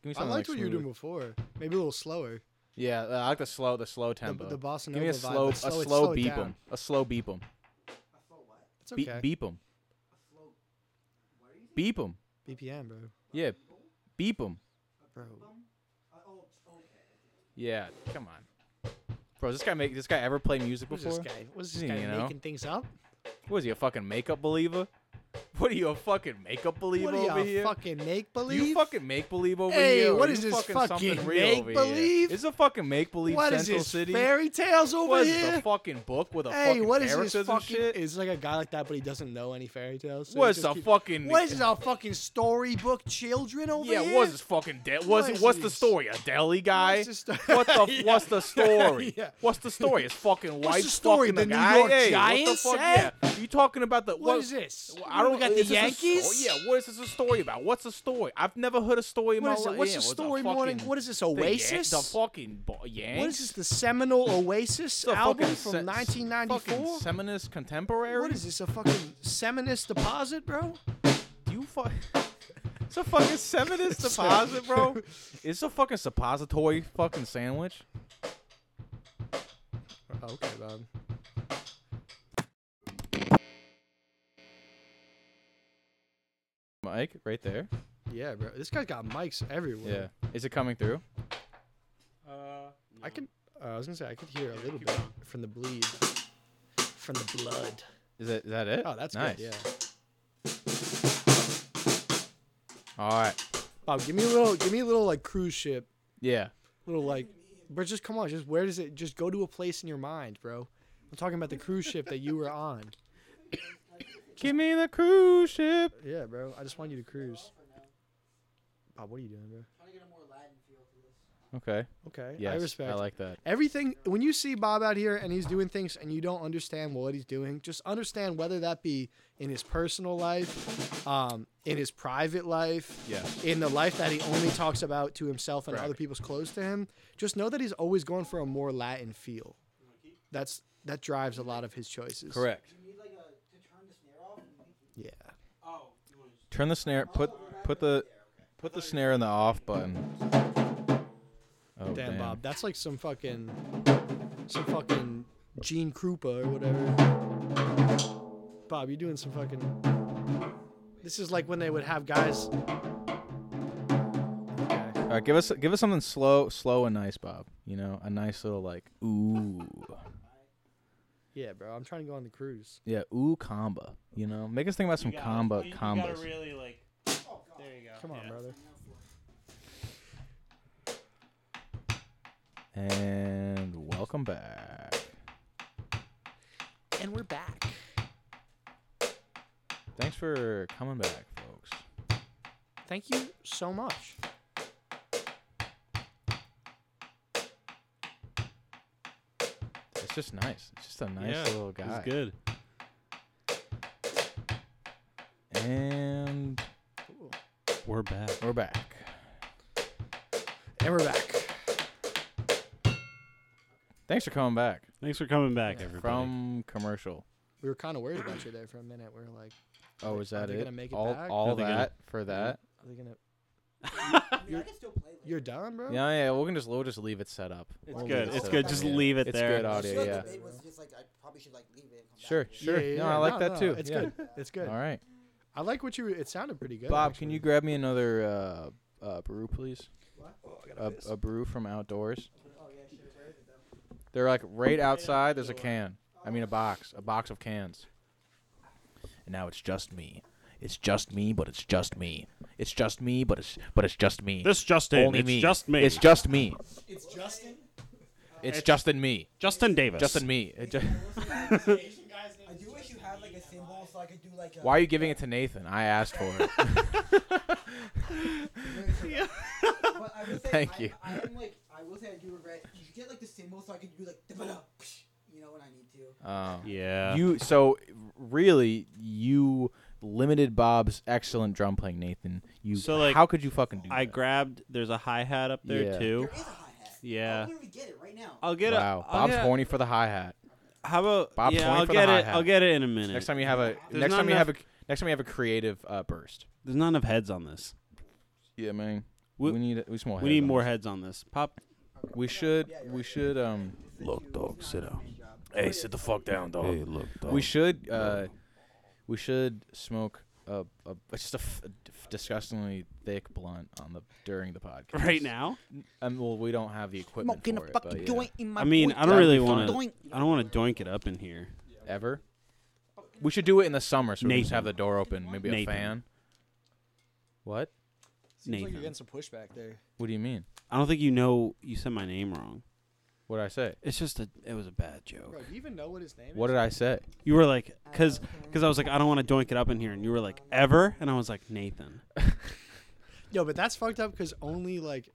[SPEAKER 4] Give me
[SPEAKER 2] I
[SPEAKER 4] something
[SPEAKER 2] liked
[SPEAKER 4] like
[SPEAKER 2] what you were doing
[SPEAKER 4] smooth.
[SPEAKER 2] before. Maybe a little slower.
[SPEAKER 4] Yeah, I like the slow the slow
[SPEAKER 2] The,
[SPEAKER 4] tempo.
[SPEAKER 2] the bossa nova
[SPEAKER 4] give me a
[SPEAKER 2] vibe,
[SPEAKER 4] slow
[SPEAKER 2] but
[SPEAKER 4] a
[SPEAKER 2] slow it-
[SPEAKER 4] slow
[SPEAKER 2] slow it
[SPEAKER 4] beep 'em.
[SPEAKER 2] down.
[SPEAKER 4] a slow beep 'em.
[SPEAKER 2] It's
[SPEAKER 4] Be-
[SPEAKER 2] okay.
[SPEAKER 4] beep 'em. Beep 'em.
[SPEAKER 2] BPM, bro.
[SPEAKER 4] Yeah, beep 'em.
[SPEAKER 2] Bro.
[SPEAKER 4] Yeah, come on, bro. Does this guy make this guy ever play music
[SPEAKER 2] Who's
[SPEAKER 4] before?
[SPEAKER 2] this guy? What's this
[SPEAKER 4] You
[SPEAKER 2] guy
[SPEAKER 4] know.
[SPEAKER 2] making things up?
[SPEAKER 4] What is he a fucking makeup believer? What are you a fucking makeup believer
[SPEAKER 2] What
[SPEAKER 4] over
[SPEAKER 2] are you
[SPEAKER 4] here?
[SPEAKER 2] fucking make
[SPEAKER 4] Do
[SPEAKER 2] believe?
[SPEAKER 4] you fucking make believe over
[SPEAKER 2] Hey,
[SPEAKER 4] here. or
[SPEAKER 2] what
[SPEAKER 4] you
[SPEAKER 2] is this
[SPEAKER 4] something
[SPEAKER 2] fucking
[SPEAKER 4] real over here?
[SPEAKER 2] make-believe?
[SPEAKER 4] It's a fucking make believe
[SPEAKER 2] What
[SPEAKER 4] Central
[SPEAKER 2] is this
[SPEAKER 4] City.
[SPEAKER 2] fairy tales over
[SPEAKER 4] what is
[SPEAKER 2] here?
[SPEAKER 4] the fucking book with a
[SPEAKER 2] hey,
[SPEAKER 4] fucking
[SPEAKER 2] what is
[SPEAKER 4] characters
[SPEAKER 2] this
[SPEAKER 4] and
[SPEAKER 2] fucking?
[SPEAKER 4] shit?
[SPEAKER 2] Is like a guy like that, but he doesn't know any fairy tales. so he
[SPEAKER 4] what's
[SPEAKER 2] just
[SPEAKER 4] the
[SPEAKER 2] keep-
[SPEAKER 4] fucking
[SPEAKER 2] What is this? Our fucking storybook children over
[SPEAKER 4] Yeah,
[SPEAKER 2] here?
[SPEAKER 4] what's this fucking de- what's
[SPEAKER 2] What
[SPEAKER 4] it?
[SPEAKER 2] is
[SPEAKER 4] what's the
[SPEAKER 2] this?
[SPEAKER 4] story? A deli guy?
[SPEAKER 2] What's the sto-
[SPEAKER 4] what the
[SPEAKER 2] Yeah.
[SPEAKER 4] what's the story?
[SPEAKER 2] Yeah.
[SPEAKER 4] What's the story? It's fucking white
[SPEAKER 2] the story?
[SPEAKER 4] fucking
[SPEAKER 2] The New
[SPEAKER 4] guy?
[SPEAKER 2] York
[SPEAKER 4] hey,
[SPEAKER 2] Giants,
[SPEAKER 4] What the
[SPEAKER 2] eh?
[SPEAKER 4] fuck? Yeah. You talking about the
[SPEAKER 2] what is this?
[SPEAKER 4] Well, I don't
[SPEAKER 2] we got the
[SPEAKER 4] is this a sto-
[SPEAKER 2] Yankees.
[SPEAKER 4] yeah, what is this a story about? What's the story? I've never heard a story in
[SPEAKER 2] What
[SPEAKER 4] my
[SPEAKER 2] is it?
[SPEAKER 4] life.
[SPEAKER 2] What's
[SPEAKER 4] Yeah,
[SPEAKER 2] the
[SPEAKER 4] well,
[SPEAKER 2] story morning?
[SPEAKER 4] fucking-
[SPEAKER 2] What is this?
[SPEAKER 4] the Yan-
[SPEAKER 2] Oasis?
[SPEAKER 4] The fucking bo- Yanks.
[SPEAKER 2] What is this? The seminal Oasis
[SPEAKER 4] It's a
[SPEAKER 2] album
[SPEAKER 4] fucking
[SPEAKER 2] from
[SPEAKER 4] se-
[SPEAKER 2] 1994.
[SPEAKER 4] Fucking feminist contemporary.
[SPEAKER 2] What is this? A fucking seminist deposit, bro?
[SPEAKER 4] You fuck. It's a fucking feminist deposit, bro. It's a fucking suppository fucking sandwich.
[SPEAKER 2] Okay, Bob.
[SPEAKER 4] Mike, right there.
[SPEAKER 2] Yeah, bro. This guy's got mics everywhere.
[SPEAKER 4] Yeah. Is it coming through?
[SPEAKER 2] I could. Uh, I was gonna say I could hear a little bit from the bleed, from the blood.
[SPEAKER 4] Is that is that it?
[SPEAKER 2] Oh, that's
[SPEAKER 4] nice.
[SPEAKER 2] good. Yeah.
[SPEAKER 4] All right.
[SPEAKER 2] Bob, give me a little. Give me a little like cruise ship.
[SPEAKER 4] Yeah.
[SPEAKER 2] Little like, but just come on. Just where does it? Just go to a place in your mind, bro. I'm talking about the cruise ship that you were on.
[SPEAKER 4] Give me the cruise ship.
[SPEAKER 2] Yeah, bro. I just want you to cruise. Bob, what are you doing, bro?
[SPEAKER 4] Okay.
[SPEAKER 2] Okay.
[SPEAKER 4] Yes,
[SPEAKER 2] I respect.
[SPEAKER 4] I like that.
[SPEAKER 2] Everything when you see Bob out here and he's doing things and you don't understand what he's doing, just understand whether that be in his personal life, um, in his private life,
[SPEAKER 4] Yeah.
[SPEAKER 2] in the life that he only talks about to himself and
[SPEAKER 4] Right.
[SPEAKER 2] other people's close to him. Just know that he's always going for a more Latin feel. That's that drives a lot of his choices.
[SPEAKER 4] Correct.
[SPEAKER 2] Yeah.
[SPEAKER 4] Turn the snare. Put put the put the snare in the off button. Oh,
[SPEAKER 2] Damn,
[SPEAKER 4] damn,
[SPEAKER 2] Bob, that's like some fucking some fucking Gene Krupa or whatever. Bob, you're doing some fucking This is like when they would have guys
[SPEAKER 4] All right, give us give us something slow, slow and nice, Bob. You know, a nice little like ooh,
[SPEAKER 2] Yeah, bro, I'm trying to go on the cruise.
[SPEAKER 4] yeah, ooh combo. You know, make us think about some combo combos.
[SPEAKER 9] really like. There you go.
[SPEAKER 2] Come on, brother.
[SPEAKER 4] and welcome back.
[SPEAKER 2] And we're back.
[SPEAKER 4] Thanks for coming back, folks.
[SPEAKER 2] Thank you so much.
[SPEAKER 4] It's just nice. It's just a nice
[SPEAKER 3] yeah,
[SPEAKER 4] little guy.
[SPEAKER 3] It's good.
[SPEAKER 4] And
[SPEAKER 3] We're back.
[SPEAKER 4] we're back.
[SPEAKER 2] And we're back.
[SPEAKER 4] Thanks for coming back
[SPEAKER 3] Thanks for coming back, everybody.
[SPEAKER 4] from commercial.
[SPEAKER 2] We were kind of worried about you there for a minute. We were like,
[SPEAKER 4] Oh, is that
[SPEAKER 2] they
[SPEAKER 4] it?
[SPEAKER 2] gonna make it
[SPEAKER 4] all
[SPEAKER 2] back?
[SPEAKER 4] all
[SPEAKER 3] Are they
[SPEAKER 4] that
[SPEAKER 3] gonna-
[SPEAKER 4] for
[SPEAKER 2] are
[SPEAKER 4] that?
[SPEAKER 2] they gonna
[SPEAKER 1] I can still play
[SPEAKER 2] You're done, bro?
[SPEAKER 4] Yeah, yeah. We can just we'll just leave it set up.
[SPEAKER 3] It's
[SPEAKER 4] We'll leave
[SPEAKER 3] good.
[SPEAKER 4] it
[SPEAKER 3] It's
[SPEAKER 4] set
[SPEAKER 3] good.
[SPEAKER 4] up.
[SPEAKER 3] Just
[SPEAKER 4] Yeah.
[SPEAKER 3] leave it
[SPEAKER 4] It's
[SPEAKER 3] there.
[SPEAKER 4] good
[SPEAKER 1] I
[SPEAKER 4] audio.
[SPEAKER 1] feel like
[SPEAKER 4] Oh, yeah.
[SPEAKER 1] the debate was just like I probably should like leave it and come back
[SPEAKER 4] Sure,
[SPEAKER 1] to it.
[SPEAKER 4] sure.
[SPEAKER 2] Yeah, yeah,
[SPEAKER 4] no,
[SPEAKER 2] yeah.
[SPEAKER 4] I like
[SPEAKER 2] No,
[SPEAKER 4] that
[SPEAKER 2] no,
[SPEAKER 4] too.
[SPEAKER 2] It's
[SPEAKER 4] Yeah.
[SPEAKER 2] good. It's good.
[SPEAKER 4] All right.
[SPEAKER 2] I like what you it sounded pretty good.
[SPEAKER 4] Bob, can
[SPEAKER 2] actually.
[SPEAKER 4] you grab me another uh, uh, brew, please?
[SPEAKER 2] Oh, I gotta
[SPEAKER 4] A,
[SPEAKER 2] piss. Oh,
[SPEAKER 4] a brew from outdoors. They're like right outside. There's a can. I mean, a box. A box of cans. And now it's just me. It's just me, but it's just me. It's just me, but it's but it's just me.
[SPEAKER 3] This Justin.
[SPEAKER 4] only
[SPEAKER 3] it's
[SPEAKER 4] me.
[SPEAKER 3] just me.
[SPEAKER 4] It's just me. It's Justin me.
[SPEAKER 3] Justin Davis.
[SPEAKER 4] Justin me. It ju-
[SPEAKER 1] I do wish you had like a symbol so I could do like a.
[SPEAKER 4] Why are you giving it to Nathan? I asked for it.
[SPEAKER 1] But I will say,
[SPEAKER 4] Thank
[SPEAKER 1] I,
[SPEAKER 4] you.
[SPEAKER 1] I am like I will say I do regret. You should get like the symbol so I can do like you know when I need to.
[SPEAKER 4] Oh.
[SPEAKER 3] Yeah.
[SPEAKER 4] You so really you limited Bob's excellent drum playing, Nathan. You
[SPEAKER 3] So, like,
[SPEAKER 4] how could you fucking do
[SPEAKER 3] I
[SPEAKER 4] that?
[SPEAKER 3] grabbed. There's a hi hat up there
[SPEAKER 4] Yeah.
[SPEAKER 3] too.
[SPEAKER 1] There is a Oh, hi hat.
[SPEAKER 3] Yeah.
[SPEAKER 4] Uh,
[SPEAKER 1] I'll literally get it right now.
[SPEAKER 3] I'll get
[SPEAKER 4] wow,
[SPEAKER 3] it. Oh,
[SPEAKER 4] Bob's horny for the hi hat.
[SPEAKER 3] How about
[SPEAKER 4] Bob's
[SPEAKER 3] yeah?
[SPEAKER 4] horny
[SPEAKER 3] I'll
[SPEAKER 4] for the
[SPEAKER 3] get it.
[SPEAKER 4] hi-hat.
[SPEAKER 3] I'll get it in a minute.
[SPEAKER 4] Next time you have a
[SPEAKER 3] There's
[SPEAKER 4] next
[SPEAKER 3] not
[SPEAKER 4] time you have a next time you have a creative uh, burst.
[SPEAKER 3] There's not enough heads on this.
[SPEAKER 4] Yeah, man.
[SPEAKER 3] We-
[SPEAKER 4] We, need we, small
[SPEAKER 3] We need more heads on this. Pop.
[SPEAKER 4] We should we should um
[SPEAKER 9] Look, dog, sit down.
[SPEAKER 14] Hey, sit the fuck down, dog.
[SPEAKER 9] Hey, look, dog.
[SPEAKER 4] we should uh we should smoke a, a just a, f- a f- disgustingly thick blunt on the during the podcast
[SPEAKER 3] Right now.
[SPEAKER 4] Um, well, we don't have the equipment for it, but, yeah.
[SPEAKER 1] in my
[SPEAKER 3] I mean, I don't
[SPEAKER 4] That'd
[SPEAKER 3] really
[SPEAKER 4] be
[SPEAKER 3] want
[SPEAKER 4] fun.
[SPEAKER 3] to. I don't want to doink it up in here.
[SPEAKER 4] ever. We should do it in the summer, so we just have the
[SPEAKER 3] Nathan.
[SPEAKER 4] door open. Maybe a
[SPEAKER 3] Nathan.
[SPEAKER 4] fan. What?
[SPEAKER 2] Seems like
[SPEAKER 3] Nathan.
[SPEAKER 2] you're getting some pushback there.
[SPEAKER 4] What do you mean?
[SPEAKER 3] I don't think you know. You said my name wrong.
[SPEAKER 4] What did I say?
[SPEAKER 3] It's just a. It was a bad joke.
[SPEAKER 2] Bro, do you even know what his name is?
[SPEAKER 4] What did I say?
[SPEAKER 3] You were like,
[SPEAKER 2] Oh,
[SPEAKER 3] cause, cause I was like, I don't want to doink it up in here, and you were like, ever, and I was like, Nathan.
[SPEAKER 2] Yo, but that's fucked up because only like,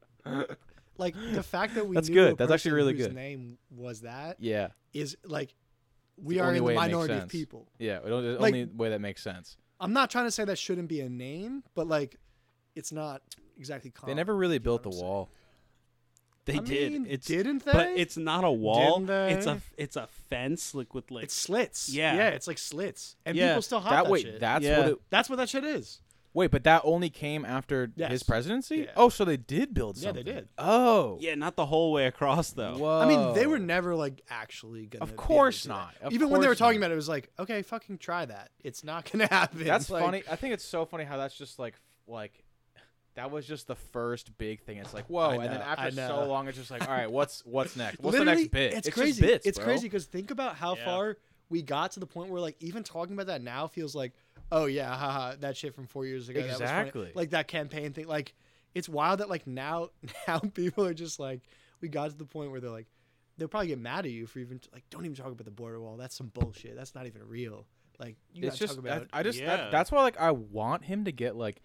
[SPEAKER 2] like the fact that we
[SPEAKER 4] That's
[SPEAKER 2] knew
[SPEAKER 4] good.
[SPEAKER 2] a
[SPEAKER 4] That's actually
[SPEAKER 2] person
[SPEAKER 4] really
[SPEAKER 2] whose
[SPEAKER 4] good.
[SPEAKER 2] Name was that
[SPEAKER 4] Yeah,
[SPEAKER 2] is like we
[SPEAKER 4] the
[SPEAKER 2] are
[SPEAKER 4] only
[SPEAKER 2] in
[SPEAKER 4] way
[SPEAKER 2] the
[SPEAKER 4] it makes
[SPEAKER 2] minority of
[SPEAKER 4] sense.
[SPEAKER 2] people.
[SPEAKER 4] yeah. It only, the
[SPEAKER 2] Like-
[SPEAKER 4] only way that makes sense.
[SPEAKER 2] I'm not trying to say that shouldn't be a name, but like, it's not exactly. Common.
[SPEAKER 4] They never really built the
[SPEAKER 2] what I'm saying?
[SPEAKER 4] wall.
[SPEAKER 3] They
[SPEAKER 2] I
[SPEAKER 3] did.
[SPEAKER 2] mean,
[SPEAKER 3] it's
[SPEAKER 2] didn't they?
[SPEAKER 3] but it's not a wall.
[SPEAKER 2] Didn't they?
[SPEAKER 3] It's a it's a fence like with like
[SPEAKER 2] it's slits.
[SPEAKER 3] Yeah.
[SPEAKER 2] yeah, it's like slits, and
[SPEAKER 3] Yeah.
[SPEAKER 2] people still have
[SPEAKER 4] That
[SPEAKER 2] that,
[SPEAKER 4] wait,
[SPEAKER 2] shit.
[SPEAKER 4] that's
[SPEAKER 3] Yeah.
[SPEAKER 4] what. It,
[SPEAKER 2] that's what that shit is.
[SPEAKER 4] wait, but that only came after his
[SPEAKER 2] Yes.
[SPEAKER 4] presidency.
[SPEAKER 2] Yeah.
[SPEAKER 4] Oh, so they did build
[SPEAKER 2] Yeah, they
[SPEAKER 4] something.
[SPEAKER 2] did.
[SPEAKER 4] Oh,
[SPEAKER 3] yeah, not the whole way across though.
[SPEAKER 4] Whoa.
[SPEAKER 2] I mean, they were never like actually gonna. be
[SPEAKER 4] Oh. Of
[SPEAKER 2] able to
[SPEAKER 4] course
[SPEAKER 2] do that.
[SPEAKER 4] not. Of
[SPEAKER 2] even when they were
[SPEAKER 4] course
[SPEAKER 2] talking
[SPEAKER 4] not.
[SPEAKER 2] about it, it was like, okay, fucking try that. It's not gonna happen.
[SPEAKER 4] That's
[SPEAKER 2] Like,
[SPEAKER 4] funny. I think it's so funny how that's just like like that was just the first big thing. It's like whoa,
[SPEAKER 2] I
[SPEAKER 4] and then
[SPEAKER 2] know,
[SPEAKER 4] after
[SPEAKER 2] I
[SPEAKER 4] so
[SPEAKER 2] know.
[SPEAKER 4] long, it's just like all right, what's what's next? What's
[SPEAKER 2] Literally,
[SPEAKER 4] the next bit?
[SPEAKER 2] It's,
[SPEAKER 4] just
[SPEAKER 2] crazy.
[SPEAKER 4] bits,
[SPEAKER 2] it's
[SPEAKER 4] bro.
[SPEAKER 2] crazy because think about how
[SPEAKER 3] Yeah.
[SPEAKER 2] far we got to the point where like even talking about that now feels like, oh yeah, haha, that shit from four years ago. that was funny.
[SPEAKER 4] Exactly.
[SPEAKER 2] like that campaign thing. Like it's wild that like now now people are just like we got to the point where they're like, they'll probably get mad at you for even like don't even talk about the border wall. That's some bullshit. That's not even real. Like you gotta
[SPEAKER 4] it's just
[SPEAKER 2] talk about.
[SPEAKER 4] I, I just
[SPEAKER 3] Yeah.
[SPEAKER 4] that, that's why like I want him to get like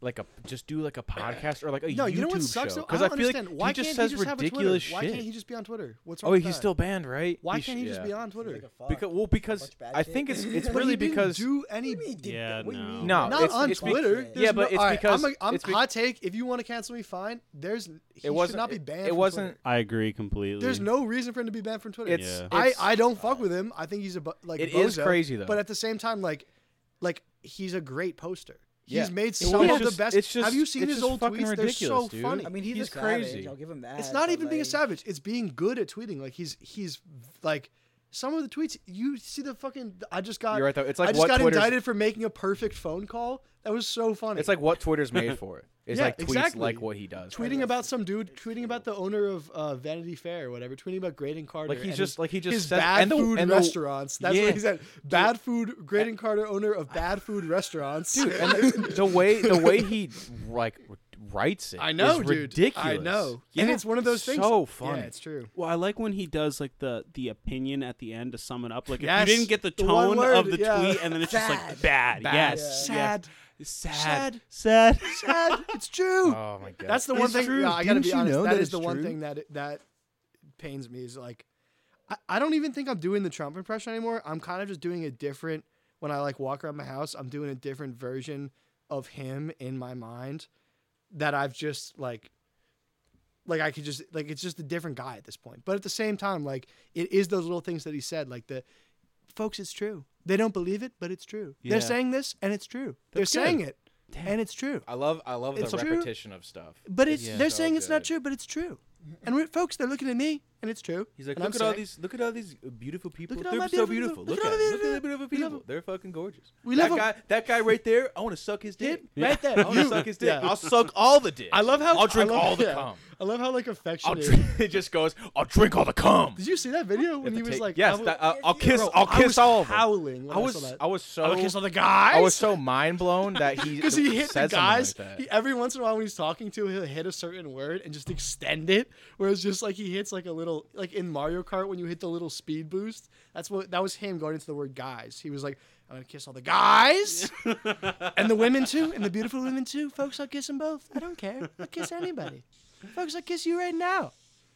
[SPEAKER 4] like a just do like a podcast or like a
[SPEAKER 2] no,
[SPEAKER 4] YouTube
[SPEAKER 2] you know what sucks
[SPEAKER 4] show
[SPEAKER 2] though? I
[SPEAKER 4] I,
[SPEAKER 2] don't
[SPEAKER 4] feel
[SPEAKER 2] understand.
[SPEAKER 4] like
[SPEAKER 2] Why
[SPEAKER 4] he just
[SPEAKER 2] can't
[SPEAKER 4] says
[SPEAKER 2] he just have a Twitter?
[SPEAKER 4] ridiculous
[SPEAKER 2] Why
[SPEAKER 4] shit.
[SPEAKER 2] can't he just be on Twitter? What's wrong
[SPEAKER 4] oh,
[SPEAKER 2] with
[SPEAKER 4] he's
[SPEAKER 2] that?
[SPEAKER 4] still banned, right?
[SPEAKER 2] Why
[SPEAKER 4] sh-
[SPEAKER 2] can't he just
[SPEAKER 4] yeah.
[SPEAKER 2] be on Twitter?
[SPEAKER 4] Because well, because
[SPEAKER 1] bunch of bad
[SPEAKER 4] I
[SPEAKER 1] shit.
[SPEAKER 4] think it's it's
[SPEAKER 1] But
[SPEAKER 4] really
[SPEAKER 2] he didn't
[SPEAKER 4] because
[SPEAKER 2] do any
[SPEAKER 3] Yeah, no.
[SPEAKER 4] no,
[SPEAKER 2] not
[SPEAKER 4] Uh, it's,
[SPEAKER 2] on
[SPEAKER 4] it's be-
[SPEAKER 1] Yeah,
[SPEAKER 2] Twitter.
[SPEAKER 4] yeah,
[SPEAKER 2] There's no-
[SPEAKER 4] but it's
[SPEAKER 2] alright,
[SPEAKER 4] because
[SPEAKER 2] I'm, a, I'm
[SPEAKER 4] it's be-
[SPEAKER 2] hot take. If you want to cancel me, fine. There's he
[SPEAKER 4] it wasn't
[SPEAKER 2] should not be
[SPEAKER 4] it-
[SPEAKER 2] banned.
[SPEAKER 4] It
[SPEAKER 2] from
[SPEAKER 4] wasn't
[SPEAKER 2] Twitter.
[SPEAKER 3] I agree completely.
[SPEAKER 2] There's no reason for him to be banned from Twitter.
[SPEAKER 4] it's,
[SPEAKER 3] Yeah.
[SPEAKER 2] I,
[SPEAKER 4] it's-
[SPEAKER 2] I don't fuck with him. I think he's a bu- like
[SPEAKER 4] It
[SPEAKER 2] bozo,
[SPEAKER 4] is crazy, though.
[SPEAKER 2] But at the same time, like like he's a great poster.
[SPEAKER 4] Yeah.
[SPEAKER 2] He's made
[SPEAKER 4] Well,
[SPEAKER 2] some
[SPEAKER 4] it's
[SPEAKER 2] of
[SPEAKER 4] just-
[SPEAKER 2] the best.
[SPEAKER 4] it's just-
[SPEAKER 2] Have you seen
[SPEAKER 4] it's
[SPEAKER 2] his
[SPEAKER 4] just
[SPEAKER 2] old
[SPEAKER 4] fucking
[SPEAKER 2] tweets? They're so
[SPEAKER 4] ridiculous, dude.
[SPEAKER 2] funny.
[SPEAKER 4] I
[SPEAKER 1] I mean, he's,
[SPEAKER 4] He's
[SPEAKER 1] a savage,
[SPEAKER 4] crazy.
[SPEAKER 1] I'll give him that.
[SPEAKER 2] it's not
[SPEAKER 1] but,
[SPEAKER 2] even being a
[SPEAKER 1] like,
[SPEAKER 2] savage. It's being good at tweeting. Like he's he's like some of the tweets you see the fucking. I just got.
[SPEAKER 4] You're right, though. It's like
[SPEAKER 2] I just
[SPEAKER 4] what
[SPEAKER 2] got
[SPEAKER 4] Twitter's-
[SPEAKER 2] indicted for making a perfect phone call. That was so funny.
[SPEAKER 4] it's like what Twitter's made for. It's
[SPEAKER 2] Yeah,
[SPEAKER 4] like tweets
[SPEAKER 2] exactly.
[SPEAKER 4] like what he does.
[SPEAKER 2] tweeting about some dude, tweeting about the owner of uh, Vanity Fair or whatever, tweeting about Graydon Carter.
[SPEAKER 4] Like, he's
[SPEAKER 2] and
[SPEAKER 4] just-
[SPEAKER 2] his-
[SPEAKER 4] like, he just
[SPEAKER 2] his
[SPEAKER 4] says-
[SPEAKER 2] bad
[SPEAKER 4] and the-
[SPEAKER 2] food
[SPEAKER 4] and the-
[SPEAKER 2] restaurants. That's
[SPEAKER 4] Yeah.
[SPEAKER 2] what he said. Bad food. Graydon Carter, owner of bad food restaurants. Dude,
[SPEAKER 4] and the, the way the way he like writes it,
[SPEAKER 2] I know,
[SPEAKER 4] is
[SPEAKER 2] dude.
[SPEAKER 4] ridiculous.
[SPEAKER 2] I know,
[SPEAKER 4] yeah,
[SPEAKER 2] and it's one of those things.
[SPEAKER 4] So funny.
[SPEAKER 2] Yeah, it's true.
[SPEAKER 3] Well, I like when he does like the the opinion at the end to sum it up. Like
[SPEAKER 2] Yes.
[SPEAKER 3] if you didn't get the
[SPEAKER 2] The one
[SPEAKER 3] tone
[SPEAKER 2] word,
[SPEAKER 3] of the
[SPEAKER 2] yeah.
[SPEAKER 3] tweet, and then it's just like bad, yes, yes,
[SPEAKER 2] Sad.
[SPEAKER 3] sad, sad,
[SPEAKER 2] Sad. It's true.
[SPEAKER 4] oh my god,
[SPEAKER 2] That's the one
[SPEAKER 3] It's
[SPEAKER 2] thing.
[SPEAKER 3] true.
[SPEAKER 2] yeah, I gotta
[SPEAKER 1] Didn't
[SPEAKER 2] be
[SPEAKER 1] you
[SPEAKER 2] honest.
[SPEAKER 1] know
[SPEAKER 2] that
[SPEAKER 1] that
[SPEAKER 2] is the
[SPEAKER 1] it's
[SPEAKER 2] one
[SPEAKER 1] true?
[SPEAKER 2] thing that that pains me is like, I, I don't even think I'm doing the Trump impression anymore. I'm kind of just doing a different. When I like walk around my house, I'm doing a different version of him in my mind that I've just like. Like I could just like it's just a different guy at this point. But at the same time, like it is those little things that he said, like the folks, it's true. They don't believe it, but it's true.
[SPEAKER 3] Yeah.
[SPEAKER 2] They're saying this and it's true. They're saying it and it's true.
[SPEAKER 4] I love I love
[SPEAKER 2] It's
[SPEAKER 4] the
[SPEAKER 2] true.
[SPEAKER 4] repetition of stuff.
[SPEAKER 2] But it's they're
[SPEAKER 4] so
[SPEAKER 2] saying it's not
[SPEAKER 4] good.
[SPEAKER 2] true, but it's true. And we're, folks, they're looking at me, and it's true.
[SPEAKER 4] He's like,
[SPEAKER 2] and
[SPEAKER 4] look
[SPEAKER 2] I'm
[SPEAKER 4] at all
[SPEAKER 2] saying,
[SPEAKER 4] these, look at all these uh, beautiful people.
[SPEAKER 2] at
[SPEAKER 4] They're
[SPEAKER 2] all my
[SPEAKER 4] so
[SPEAKER 2] beautiful
[SPEAKER 4] beautiful.
[SPEAKER 2] people.
[SPEAKER 4] Look,
[SPEAKER 2] Look at
[SPEAKER 4] at,
[SPEAKER 2] all
[SPEAKER 4] them.
[SPEAKER 2] my
[SPEAKER 4] look at the
[SPEAKER 2] beautiful-
[SPEAKER 4] beautiful
[SPEAKER 2] we love
[SPEAKER 4] people. They're fucking gorgeous.
[SPEAKER 2] We
[SPEAKER 4] that
[SPEAKER 2] love 'em.
[SPEAKER 4] guy, that guy right there. I want to suck his dick right there. I want to suck his dick.
[SPEAKER 2] Yeah.
[SPEAKER 4] I'll suck all the dick.
[SPEAKER 2] I love how
[SPEAKER 4] I'll drink
[SPEAKER 2] I love,
[SPEAKER 4] all the
[SPEAKER 2] yeah.
[SPEAKER 4] cum.
[SPEAKER 2] I love how like
[SPEAKER 4] I'll
[SPEAKER 2] affectionate.
[SPEAKER 4] drink. It just goes. I'll drink all the cum.
[SPEAKER 2] Did you see that video when
[SPEAKER 4] At
[SPEAKER 2] he
[SPEAKER 4] the
[SPEAKER 2] was
[SPEAKER 4] tape.
[SPEAKER 2] like,
[SPEAKER 4] yes,
[SPEAKER 2] I
[SPEAKER 4] that, I'll, I'll kiss.
[SPEAKER 2] Bro,
[SPEAKER 4] I'll
[SPEAKER 2] I
[SPEAKER 4] kiss
[SPEAKER 2] was
[SPEAKER 4] all of them.
[SPEAKER 2] howling when
[SPEAKER 4] I
[SPEAKER 2] I
[SPEAKER 4] was.
[SPEAKER 2] saw that.
[SPEAKER 4] I was so.
[SPEAKER 2] will kiss all the guys.
[SPEAKER 4] I was so mind blown that he
[SPEAKER 2] because he hit the
[SPEAKER 4] said something
[SPEAKER 2] guys.
[SPEAKER 4] Like that.
[SPEAKER 2] he, every once in a while, when he's talking to, he'll hit a certain word and just extend it. Whereas just like he hits like a little like in Mario Kart when you hit the little speed boost. That's what that was him going into the word guys. He was like, I'm gonna kiss all the guys and the women too, and the beautiful women too, folks. I'll kiss them both. I don't care. I'll kiss anybody, folks. I'll kiss you right now.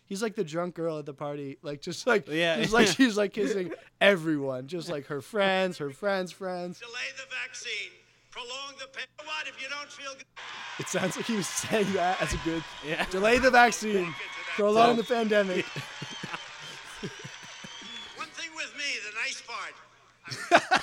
[SPEAKER 2] He's like the drunk girl at the party, like just like
[SPEAKER 3] Yeah.
[SPEAKER 2] he's like she's like kissing everyone, just like her friends, her friends' friends.
[SPEAKER 5] Delay the vaccine. Prolong the pain. What if you don't feel good?
[SPEAKER 2] It sounds like he was saying that as a good delay the vaccine, prolong the pandemic.
[SPEAKER 5] One thing with me, the nice part.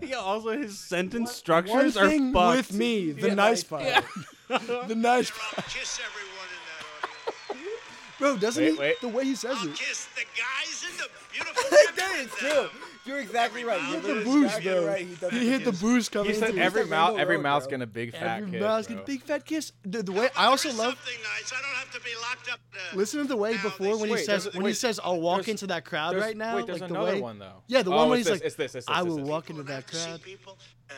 [SPEAKER 3] Yeah, also his sentence
[SPEAKER 2] One
[SPEAKER 3] structures are
[SPEAKER 2] thing
[SPEAKER 3] fucked.
[SPEAKER 2] with me, the nice part. the nice part.
[SPEAKER 5] I'll kiss everyone in that audience.
[SPEAKER 2] Bro, doesn't
[SPEAKER 4] Wait,
[SPEAKER 2] he?
[SPEAKER 4] wait.
[SPEAKER 2] The way he says
[SPEAKER 5] I'll
[SPEAKER 2] it.
[SPEAKER 5] kiss the guys and the beautiful
[SPEAKER 1] That is true.
[SPEAKER 5] women.
[SPEAKER 1] You're exactly right.
[SPEAKER 5] He hit
[SPEAKER 1] You're
[SPEAKER 2] The boost,
[SPEAKER 1] exactly
[SPEAKER 2] though.
[SPEAKER 1] right. He does
[SPEAKER 2] He
[SPEAKER 1] it
[SPEAKER 2] hit the
[SPEAKER 1] again.
[SPEAKER 2] boost coming
[SPEAKER 4] He said
[SPEAKER 2] into
[SPEAKER 4] every
[SPEAKER 2] it.
[SPEAKER 1] He's like
[SPEAKER 4] mouth,
[SPEAKER 1] Ringo
[SPEAKER 4] every
[SPEAKER 1] Road,
[SPEAKER 4] mouth's
[SPEAKER 1] bro.
[SPEAKER 4] gonna big fat
[SPEAKER 2] Every
[SPEAKER 4] kiss.
[SPEAKER 2] mouse
[SPEAKER 4] bro.
[SPEAKER 2] gets big fat kiss. The, the way I also
[SPEAKER 5] There's
[SPEAKER 2] love.
[SPEAKER 5] something nice. I don't have to be locked up. uh,
[SPEAKER 2] Listen to the way
[SPEAKER 5] now
[SPEAKER 2] before
[SPEAKER 5] they
[SPEAKER 2] when he
[SPEAKER 5] say-
[SPEAKER 2] says
[SPEAKER 4] there's-
[SPEAKER 2] when he
[SPEAKER 4] wait,
[SPEAKER 2] says I'll walk
[SPEAKER 4] there's-
[SPEAKER 2] into that crowd
[SPEAKER 4] there's-
[SPEAKER 2] right now.
[SPEAKER 4] wait, there's
[SPEAKER 2] like
[SPEAKER 4] another
[SPEAKER 2] the way,
[SPEAKER 4] one, though.
[SPEAKER 2] Yeah, the
[SPEAKER 4] Oh,
[SPEAKER 2] one when
[SPEAKER 4] it's
[SPEAKER 2] he's
[SPEAKER 4] this,
[SPEAKER 2] like,
[SPEAKER 4] it's this, it's this,
[SPEAKER 2] I
[SPEAKER 4] it's
[SPEAKER 2] will
[SPEAKER 4] this.
[SPEAKER 2] walk into
[SPEAKER 5] When I
[SPEAKER 2] that
[SPEAKER 5] see
[SPEAKER 2] crowd.
[SPEAKER 5] people, uh,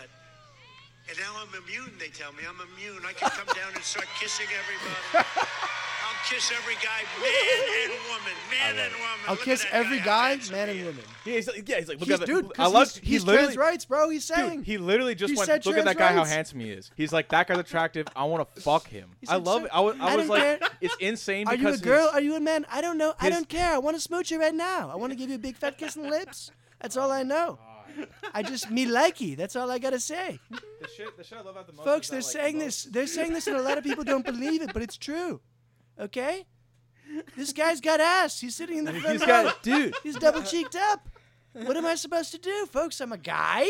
[SPEAKER 5] and now I'm immune, they tell me. I'm immune. I can come down and start kissing everybody. I'll kiss every guy, man and woman, man and woman.
[SPEAKER 2] I'll
[SPEAKER 5] Look at
[SPEAKER 2] kiss
[SPEAKER 5] that
[SPEAKER 2] every
[SPEAKER 5] guy,
[SPEAKER 2] guy,
[SPEAKER 5] how handsome
[SPEAKER 2] man,
[SPEAKER 5] he
[SPEAKER 2] and
[SPEAKER 5] is.
[SPEAKER 2] woman.
[SPEAKER 4] Yeah, he's like, yeah, he's like, look
[SPEAKER 2] He's,
[SPEAKER 4] at that.
[SPEAKER 2] dude,
[SPEAKER 4] I
[SPEAKER 2] because
[SPEAKER 4] love.
[SPEAKER 2] he's,
[SPEAKER 4] he
[SPEAKER 2] he's
[SPEAKER 4] literally,
[SPEAKER 2] trans rights, bro. He's saying.
[SPEAKER 4] dude, he literally just
[SPEAKER 2] He
[SPEAKER 4] went.
[SPEAKER 2] said
[SPEAKER 4] Look at that
[SPEAKER 2] trans
[SPEAKER 4] guy, how
[SPEAKER 2] rights."
[SPEAKER 4] handsome he is. He's like, that guy's attractive. I want to fuck him. I
[SPEAKER 2] said,
[SPEAKER 4] love.
[SPEAKER 2] "Sir,
[SPEAKER 4] it. I was,
[SPEAKER 2] I
[SPEAKER 4] I was
[SPEAKER 2] don't
[SPEAKER 4] like,
[SPEAKER 2] care.
[SPEAKER 4] it's insane.
[SPEAKER 2] Are you a
[SPEAKER 4] because
[SPEAKER 2] girl?
[SPEAKER 4] his-
[SPEAKER 2] Are you a man? I don't know. I
[SPEAKER 4] his-
[SPEAKER 2] don't care. I want to smooch you right now. I want to give you a big fat kiss on the lips. That's all I know. I just me likey. That's all I gotta say,
[SPEAKER 4] The shit, the shit I love about the most
[SPEAKER 2] folks.
[SPEAKER 4] is
[SPEAKER 2] They're
[SPEAKER 4] that, like,
[SPEAKER 2] saying this.
[SPEAKER 4] most-
[SPEAKER 2] They're saying this, and a lot of people don't believe it, but it's true. Okay? This guy's got ass. He's sitting in the front
[SPEAKER 4] He's
[SPEAKER 2] row.
[SPEAKER 4] got, dude.
[SPEAKER 2] He's double cheeked up. What am I supposed to do, folks? I'm a guy.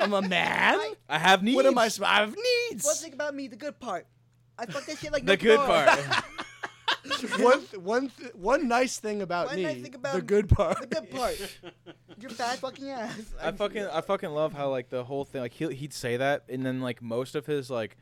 [SPEAKER 2] I'm a man.
[SPEAKER 4] I have needs.
[SPEAKER 2] What am I? Sp- I have needs.
[SPEAKER 1] One thing about me, the good part. I fuck that shit like
[SPEAKER 4] The
[SPEAKER 1] no
[SPEAKER 4] good
[SPEAKER 1] tomorrow.
[SPEAKER 4] part.
[SPEAKER 2] one one th- one nice thing about
[SPEAKER 1] One
[SPEAKER 2] me,
[SPEAKER 1] nice thing about
[SPEAKER 2] the
[SPEAKER 1] me,
[SPEAKER 2] good part.
[SPEAKER 1] The good part. Your fat fucking ass.
[SPEAKER 4] I fucking, I fucking love how like the whole thing. Like he, he'd say that, and then like most of his like,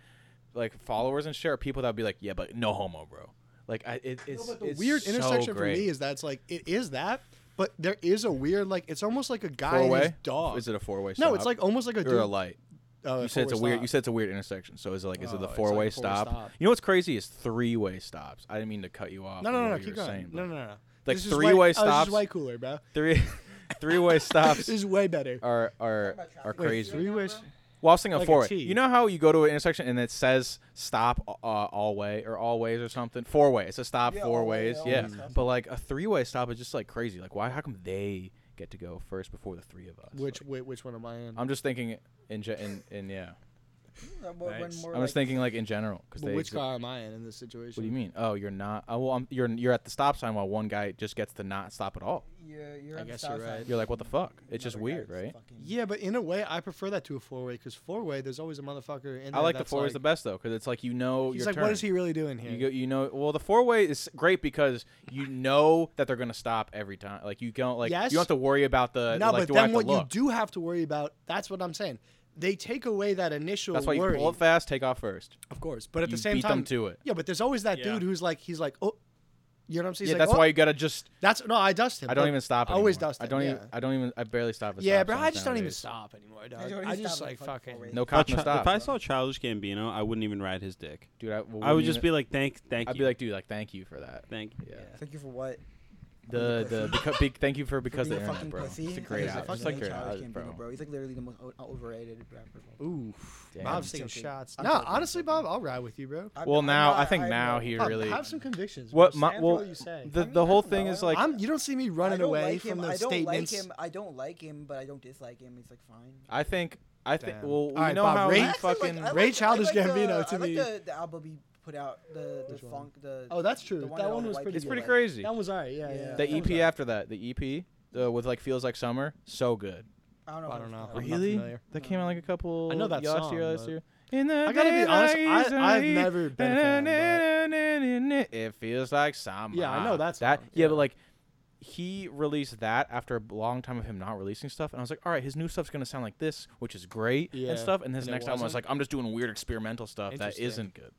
[SPEAKER 4] like followers and shit are people that'd be like, yeah, but no homo, bro. Like I, it, it's,
[SPEAKER 2] But the
[SPEAKER 4] it's
[SPEAKER 2] weird
[SPEAKER 4] so
[SPEAKER 2] intersection for
[SPEAKER 4] great.
[SPEAKER 2] me is that's like it is that, but there is a weird like it's almost like a guy
[SPEAKER 4] four
[SPEAKER 2] and his
[SPEAKER 4] way
[SPEAKER 2] dog.
[SPEAKER 4] Is it a four way?
[SPEAKER 2] no, it's like almost like a dude.
[SPEAKER 4] or a light.
[SPEAKER 2] Oh,
[SPEAKER 4] You said it's a weird. You said it's a weird intersection. So is it like is it the four way stop? You know what's crazy is three way stops. I didn't mean to cut you off.
[SPEAKER 2] No,
[SPEAKER 4] on
[SPEAKER 2] no,
[SPEAKER 4] what
[SPEAKER 2] no, no.
[SPEAKER 4] you
[SPEAKER 2] Keep
[SPEAKER 4] were
[SPEAKER 2] going.
[SPEAKER 4] saying,
[SPEAKER 2] no,
[SPEAKER 4] but
[SPEAKER 2] no, no, no.
[SPEAKER 4] Like
[SPEAKER 2] This is way-
[SPEAKER 4] three-way
[SPEAKER 2] oh, This
[SPEAKER 4] stops?
[SPEAKER 2] is way cooler, bro.
[SPEAKER 4] Three three way stops
[SPEAKER 2] This is way better.
[SPEAKER 4] are are are crazy.
[SPEAKER 2] Three ways.
[SPEAKER 4] Well, I was thinking
[SPEAKER 2] Like a
[SPEAKER 4] four way.
[SPEAKER 2] T.
[SPEAKER 4] You know how you go to an intersection and it says stop uh, all way or all ways or something? Four way. It's a stop four ways. yeah. But like a three way stop is just like crazy. Like why? How come they get to go first before the three of us?
[SPEAKER 2] Which
[SPEAKER 4] Like,
[SPEAKER 2] wait, which one am I in?
[SPEAKER 4] I'm just thinking in ge- in, in yeah.
[SPEAKER 1] When more
[SPEAKER 4] I'm just
[SPEAKER 1] like-
[SPEAKER 4] thinking like in general because
[SPEAKER 2] But
[SPEAKER 4] they.
[SPEAKER 2] which
[SPEAKER 4] exi-
[SPEAKER 2] car am I in in this situation?
[SPEAKER 4] what do you mean? Oh, you're not. Oh, well, I'm, you're you're at the stop sign while one guy just gets to not stop at all.
[SPEAKER 1] Yeah, you're
[SPEAKER 2] I
[SPEAKER 1] on the
[SPEAKER 2] guess
[SPEAKER 1] south
[SPEAKER 2] you're
[SPEAKER 1] side.
[SPEAKER 2] right.
[SPEAKER 4] You're like, what the fuck? It's just
[SPEAKER 1] Another guy
[SPEAKER 4] weird,
[SPEAKER 1] is
[SPEAKER 4] right?
[SPEAKER 1] fucking-
[SPEAKER 2] Yeah, but in a way, I prefer that to a four way because four way, there's always a motherfucker in there.
[SPEAKER 4] I like the
[SPEAKER 2] that's
[SPEAKER 4] four ways the best though because it's like you know
[SPEAKER 2] He's
[SPEAKER 4] your
[SPEAKER 2] like,
[SPEAKER 4] turn.
[SPEAKER 2] what is he really doing here?
[SPEAKER 4] You go, you know, well, the four way is great because you know that they're gonna stop every time. Like you don't like
[SPEAKER 2] Yes.
[SPEAKER 4] you don't have to worry about the
[SPEAKER 2] no,
[SPEAKER 4] like,
[SPEAKER 2] but
[SPEAKER 4] do I
[SPEAKER 2] then
[SPEAKER 4] have to
[SPEAKER 2] what you
[SPEAKER 4] look?
[SPEAKER 2] do have to worry about, that's what I'm saying. They take away that initial
[SPEAKER 4] That's why you
[SPEAKER 2] worry.
[SPEAKER 4] pull it fast, take off first.
[SPEAKER 2] of course. But at
[SPEAKER 4] you
[SPEAKER 2] the same
[SPEAKER 4] beat them
[SPEAKER 2] time,
[SPEAKER 4] to it.
[SPEAKER 2] Yeah, but there's always that
[SPEAKER 7] Yeah.
[SPEAKER 2] dude who's like, he's like, oh, you know what I'm saying? He's
[SPEAKER 4] yeah,
[SPEAKER 2] like,
[SPEAKER 4] that's
[SPEAKER 2] "Oh."
[SPEAKER 4] why you gotta just.
[SPEAKER 2] That's no, I dust him.
[SPEAKER 4] I don't
[SPEAKER 2] but
[SPEAKER 4] even stop.
[SPEAKER 2] I always
[SPEAKER 4] anymore.
[SPEAKER 2] dust him.
[SPEAKER 4] I don't
[SPEAKER 2] yeah.
[SPEAKER 4] even. I don't even. I barely stop. At
[SPEAKER 2] yeah,
[SPEAKER 4] stop
[SPEAKER 2] but I just don't even
[SPEAKER 4] nowadays.
[SPEAKER 2] stop anymore, dog.
[SPEAKER 1] don't even
[SPEAKER 2] I just
[SPEAKER 1] stop at
[SPEAKER 2] like
[SPEAKER 1] fucking
[SPEAKER 2] fucking.
[SPEAKER 1] four-way.
[SPEAKER 4] No cop,
[SPEAKER 3] I'll
[SPEAKER 4] no
[SPEAKER 3] try-
[SPEAKER 4] stop.
[SPEAKER 3] if I saw Childish Gambino, I wouldn't even ride his dick.
[SPEAKER 4] dude, I, well,
[SPEAKER 3] I would
[SPEAKER 4] wouldn't
[SPEAKER 3] just
[SPEAKER 4] even-
[SPEAKER 3] be like, thank, thank
[SPEAKER 4] I'd
[SPEAKER 3] you,
[SPEAKER 4] be like, dude, like, thank you for that.
[SPEAKER 3] thank you.
[SPEAKER 4] Yeah.
[SPEAKER 1] Thank you for what?
[SPEAKER 4] The the because, be, thank you for because
[SPEAKER 1] being
[SPEAKER 4] the
[SPEAKER 1] a
[SPEAKER 4] internet,
[SPEAKER 1] fucking
[SPEAKER 4] bro.
[SPEAKER 1] pussy.
[SPEAKER 4] It's a great
[SPEAKER 1] He's fucking
[SPEAKER 4] album. It's like
[SPEAKER 1] Childish
[SPEAKER 4] your album,
[SPEAKER 1] Gambino,
[SPEAKER 4] bro.
[SPEAKER 1] He's like literally the most o- overrated rapper. of all
[SPEAKER 2] Ooh,
[SPEAKER 4] Damn.
[SPEAKER 2] Bob's taking
[SPEAKER 1] joking.
[SPEAKER 2] shots.
[SPEAKER 1] I'm
[SPEAKER 2] No,
[SPEAKER 1] joking.
[SPEAKER 2] honestly, Bob, I'll ride with you, bro.
[SPEAKER 1] time.
[SPEAKER 4] Well,
[SPEAKER 1] I'm
[SPEAKER 4] now
[SPEAKER 1] not-
[SPEAKER 4] I think
[SPEAKER 1] I'm
[SPEAKER 4] now
[SPEAKER 1] not-
[SPEAKER 4] he
[SPEAKER 2] Bob,
[SPEAKER 4] really.
[SPEAKER 2] Have some convictions. bro.
[SPEAKER 4] What my
[SPEAKER 2] Stand for
[SPEAKER 4] well
[SPEAKER 2] what you say.
[SPEAKER 4] the
[SPEAKER 1] I mean,
[SPEAKER 4] the
[SPEAKER 1] I
[SPEAKER 4] whole
[SPEAKER 1] don't
[SPEAKER 4] thing
[SPEAKER 1] know.
[SPEAKER 4] is
[SPEAKER 1] I
[SPEAKER 4] like
[SPEAKER 2] I'm, you don't see me running
[SPEAKER 1] I don't
[SPEAKER 2] away
[SPEAKER 1] like
[SPEAKER 2] from
[SPEAKER 1] him.
[SPEAKER 2] those
[SPEAKER 1] I don't
[SPEAKER 2] statements.
[SPEAKER 1] Like him. I don't like him, but I don't dislike him. He's like fine.
[SPEAKER 4] I think I think
[SPEAKER 2] Damn.
[SPEAKER 4] well
[SPEAKER 2] All
[SPEAKER 4] we
[SPEAKER 2] right,
[SPEAKER 4] know
[SPEAKER 2] Bob,
[SPEAKER 4] how
[SPEAKER 2] rate-
[SPEAKER 4] he
[SPEAKER 2] I actually
[SPEAKER 4] fucking
[SPEAKER 2] I Ray Childish Gambino
[SPEAKER 1] the,
[SPEAKER 2] to
[SPEAKER 1] I like
[SPEAKER 2] me.
[SPEAKER 1] The, the album he put out, the the
[SPEAKER 2] Which one?
[SPEAKER 1] funk, the
[SPEAKER 2] Oh, that's true.
[SPEAKER 1] the
[SPEAKER 2] That
[SPEAKER 1] all
[SPEAKER 2] one
[SPEAKER 1] the
[SPEAKER 2] was
[SPEAKER 1] white
[SPEAKER 2] pretty
[SPEAKER 4] it's
[SPEAKER 1] people
[SPEAKER 4] pretty
[SPEAKER 1] like.
[SPEAKER 4] crazy.
[SPEAKER 2] That was alright. Yeah,
[SPEAKER 1] Yeah.
[SPEAKER 2] yeah.
[SPEAKER 1] that
[SPEAKER 4] The
[SPEAKER 1] was
[SPEAKER 4] EP after that, the EP uh, with like feels like summer, so good.
[SPEAKER 1] I don't know.
[SPEAKER 2] I
[SPEAKER 1] if it's
[SPEAKER 2] don't know.
[SPEAKER 1] that
[SPEAKER 2] I'm not
[SPEAKER 1] one.
[SPEAKER 2] Really?
[SPEAKER 4] That came out like a couple.
[SPEAKER 2] I know that
[SPEAKER 4] last
[SPEAKER 2] song,
[SPEAKER 4] year, last
[SPEAKER 2] but-
[SPEAKER 4] year. In the
[SPEAKER 2] I gotta be honest, I-
[SPEAKER 4] daylight,
[SPEAKER 2] I've never been a fan,
[SPEAKER 4] It feels like summer.
[SPEAKER 2] Yeah, I know that
[SPEAKER 4] That
[SPEAKER 2] song,
[SPEAKER 4] yeah,
[SPEAKER 2] yeah.
[SPEAKER 4] but like he released that after a long time of him not releasing stuff, and I was like, all right, his new stuff's gonna sound like this, which is great
[SPEAKER 2] Yeah.
[SPEAKER 4] and stuff. And his
[SPEAKER 2] And it
[SPEAKER 4] next album I was
[SPEAKER 2] wasn't?
[SPEAKER 4] like, I'm just doing weird experimental stuff that
[SPEAKER 2] Interesting.
[SPEAKER 4] isn't good.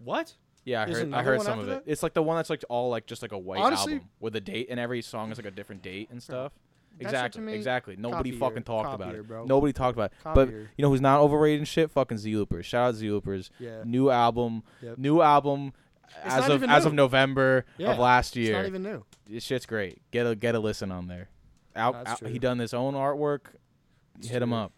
[SPEAKER 2] What?
[SPEAKER 4] Yeah, I
[SPEAKER 2] There's
[SPEAKER 4] heard. I
[SPEAKER 2] another
[SPEAKER 4] heard
[SPEAKER 2] one
[SPEAKER 4] some of
[SPEAKER 2] after
[SPEAKER 4] it. It's like the one that's like all like just like a white
[SPEAKER 2] Honestly-
[SPEAKER 4] album with a date, and every song is like a different date and stuff.
[SPEAKER 2] That shit to
[SPEAKER 4] Exactly.
[SPEAKER 2] me-
[SPEAKER 4] exactly. Nobody
[SPEAKER 2] copier,
[SPEAKER 4] fucking talked about
[SPEAKER 2] copier,
[SPEAKER 4] it.
[SPEAKER 2] bro.
[SPEAKER 4] Nobody talked about it. But
[SPEAKER 2] Copier.
[SPEAKER 4] you know who's not overrated and shit? Fucking Z Loopers. Shout out Z Loopers.
[SPEAKER 2] Yeah.
[SPEAKER 4] New album.
[SPEAKER 2] Yep.
[SPEAKER 4] New album. as
[SPEAKER 2] not
[SPEAKER 4] of
[SPEAKER 2] even
[SPEAKER 4] as
[SPEAKER 2] new.
[SPEAKER 4] of November
[SPEAKER 2] Yeah,
[SPEAKER 4] of last year.
[SPEAKER 2] It's not even new.
[SPEAKER 4] This shit's great. Get a get a listen on there. Out,
[SPEAKER 2] That's
[SPEAKER 4] out- he
[SPEAKER 2] true.
[SPEAKER 4] done his own artwork. Hit him up.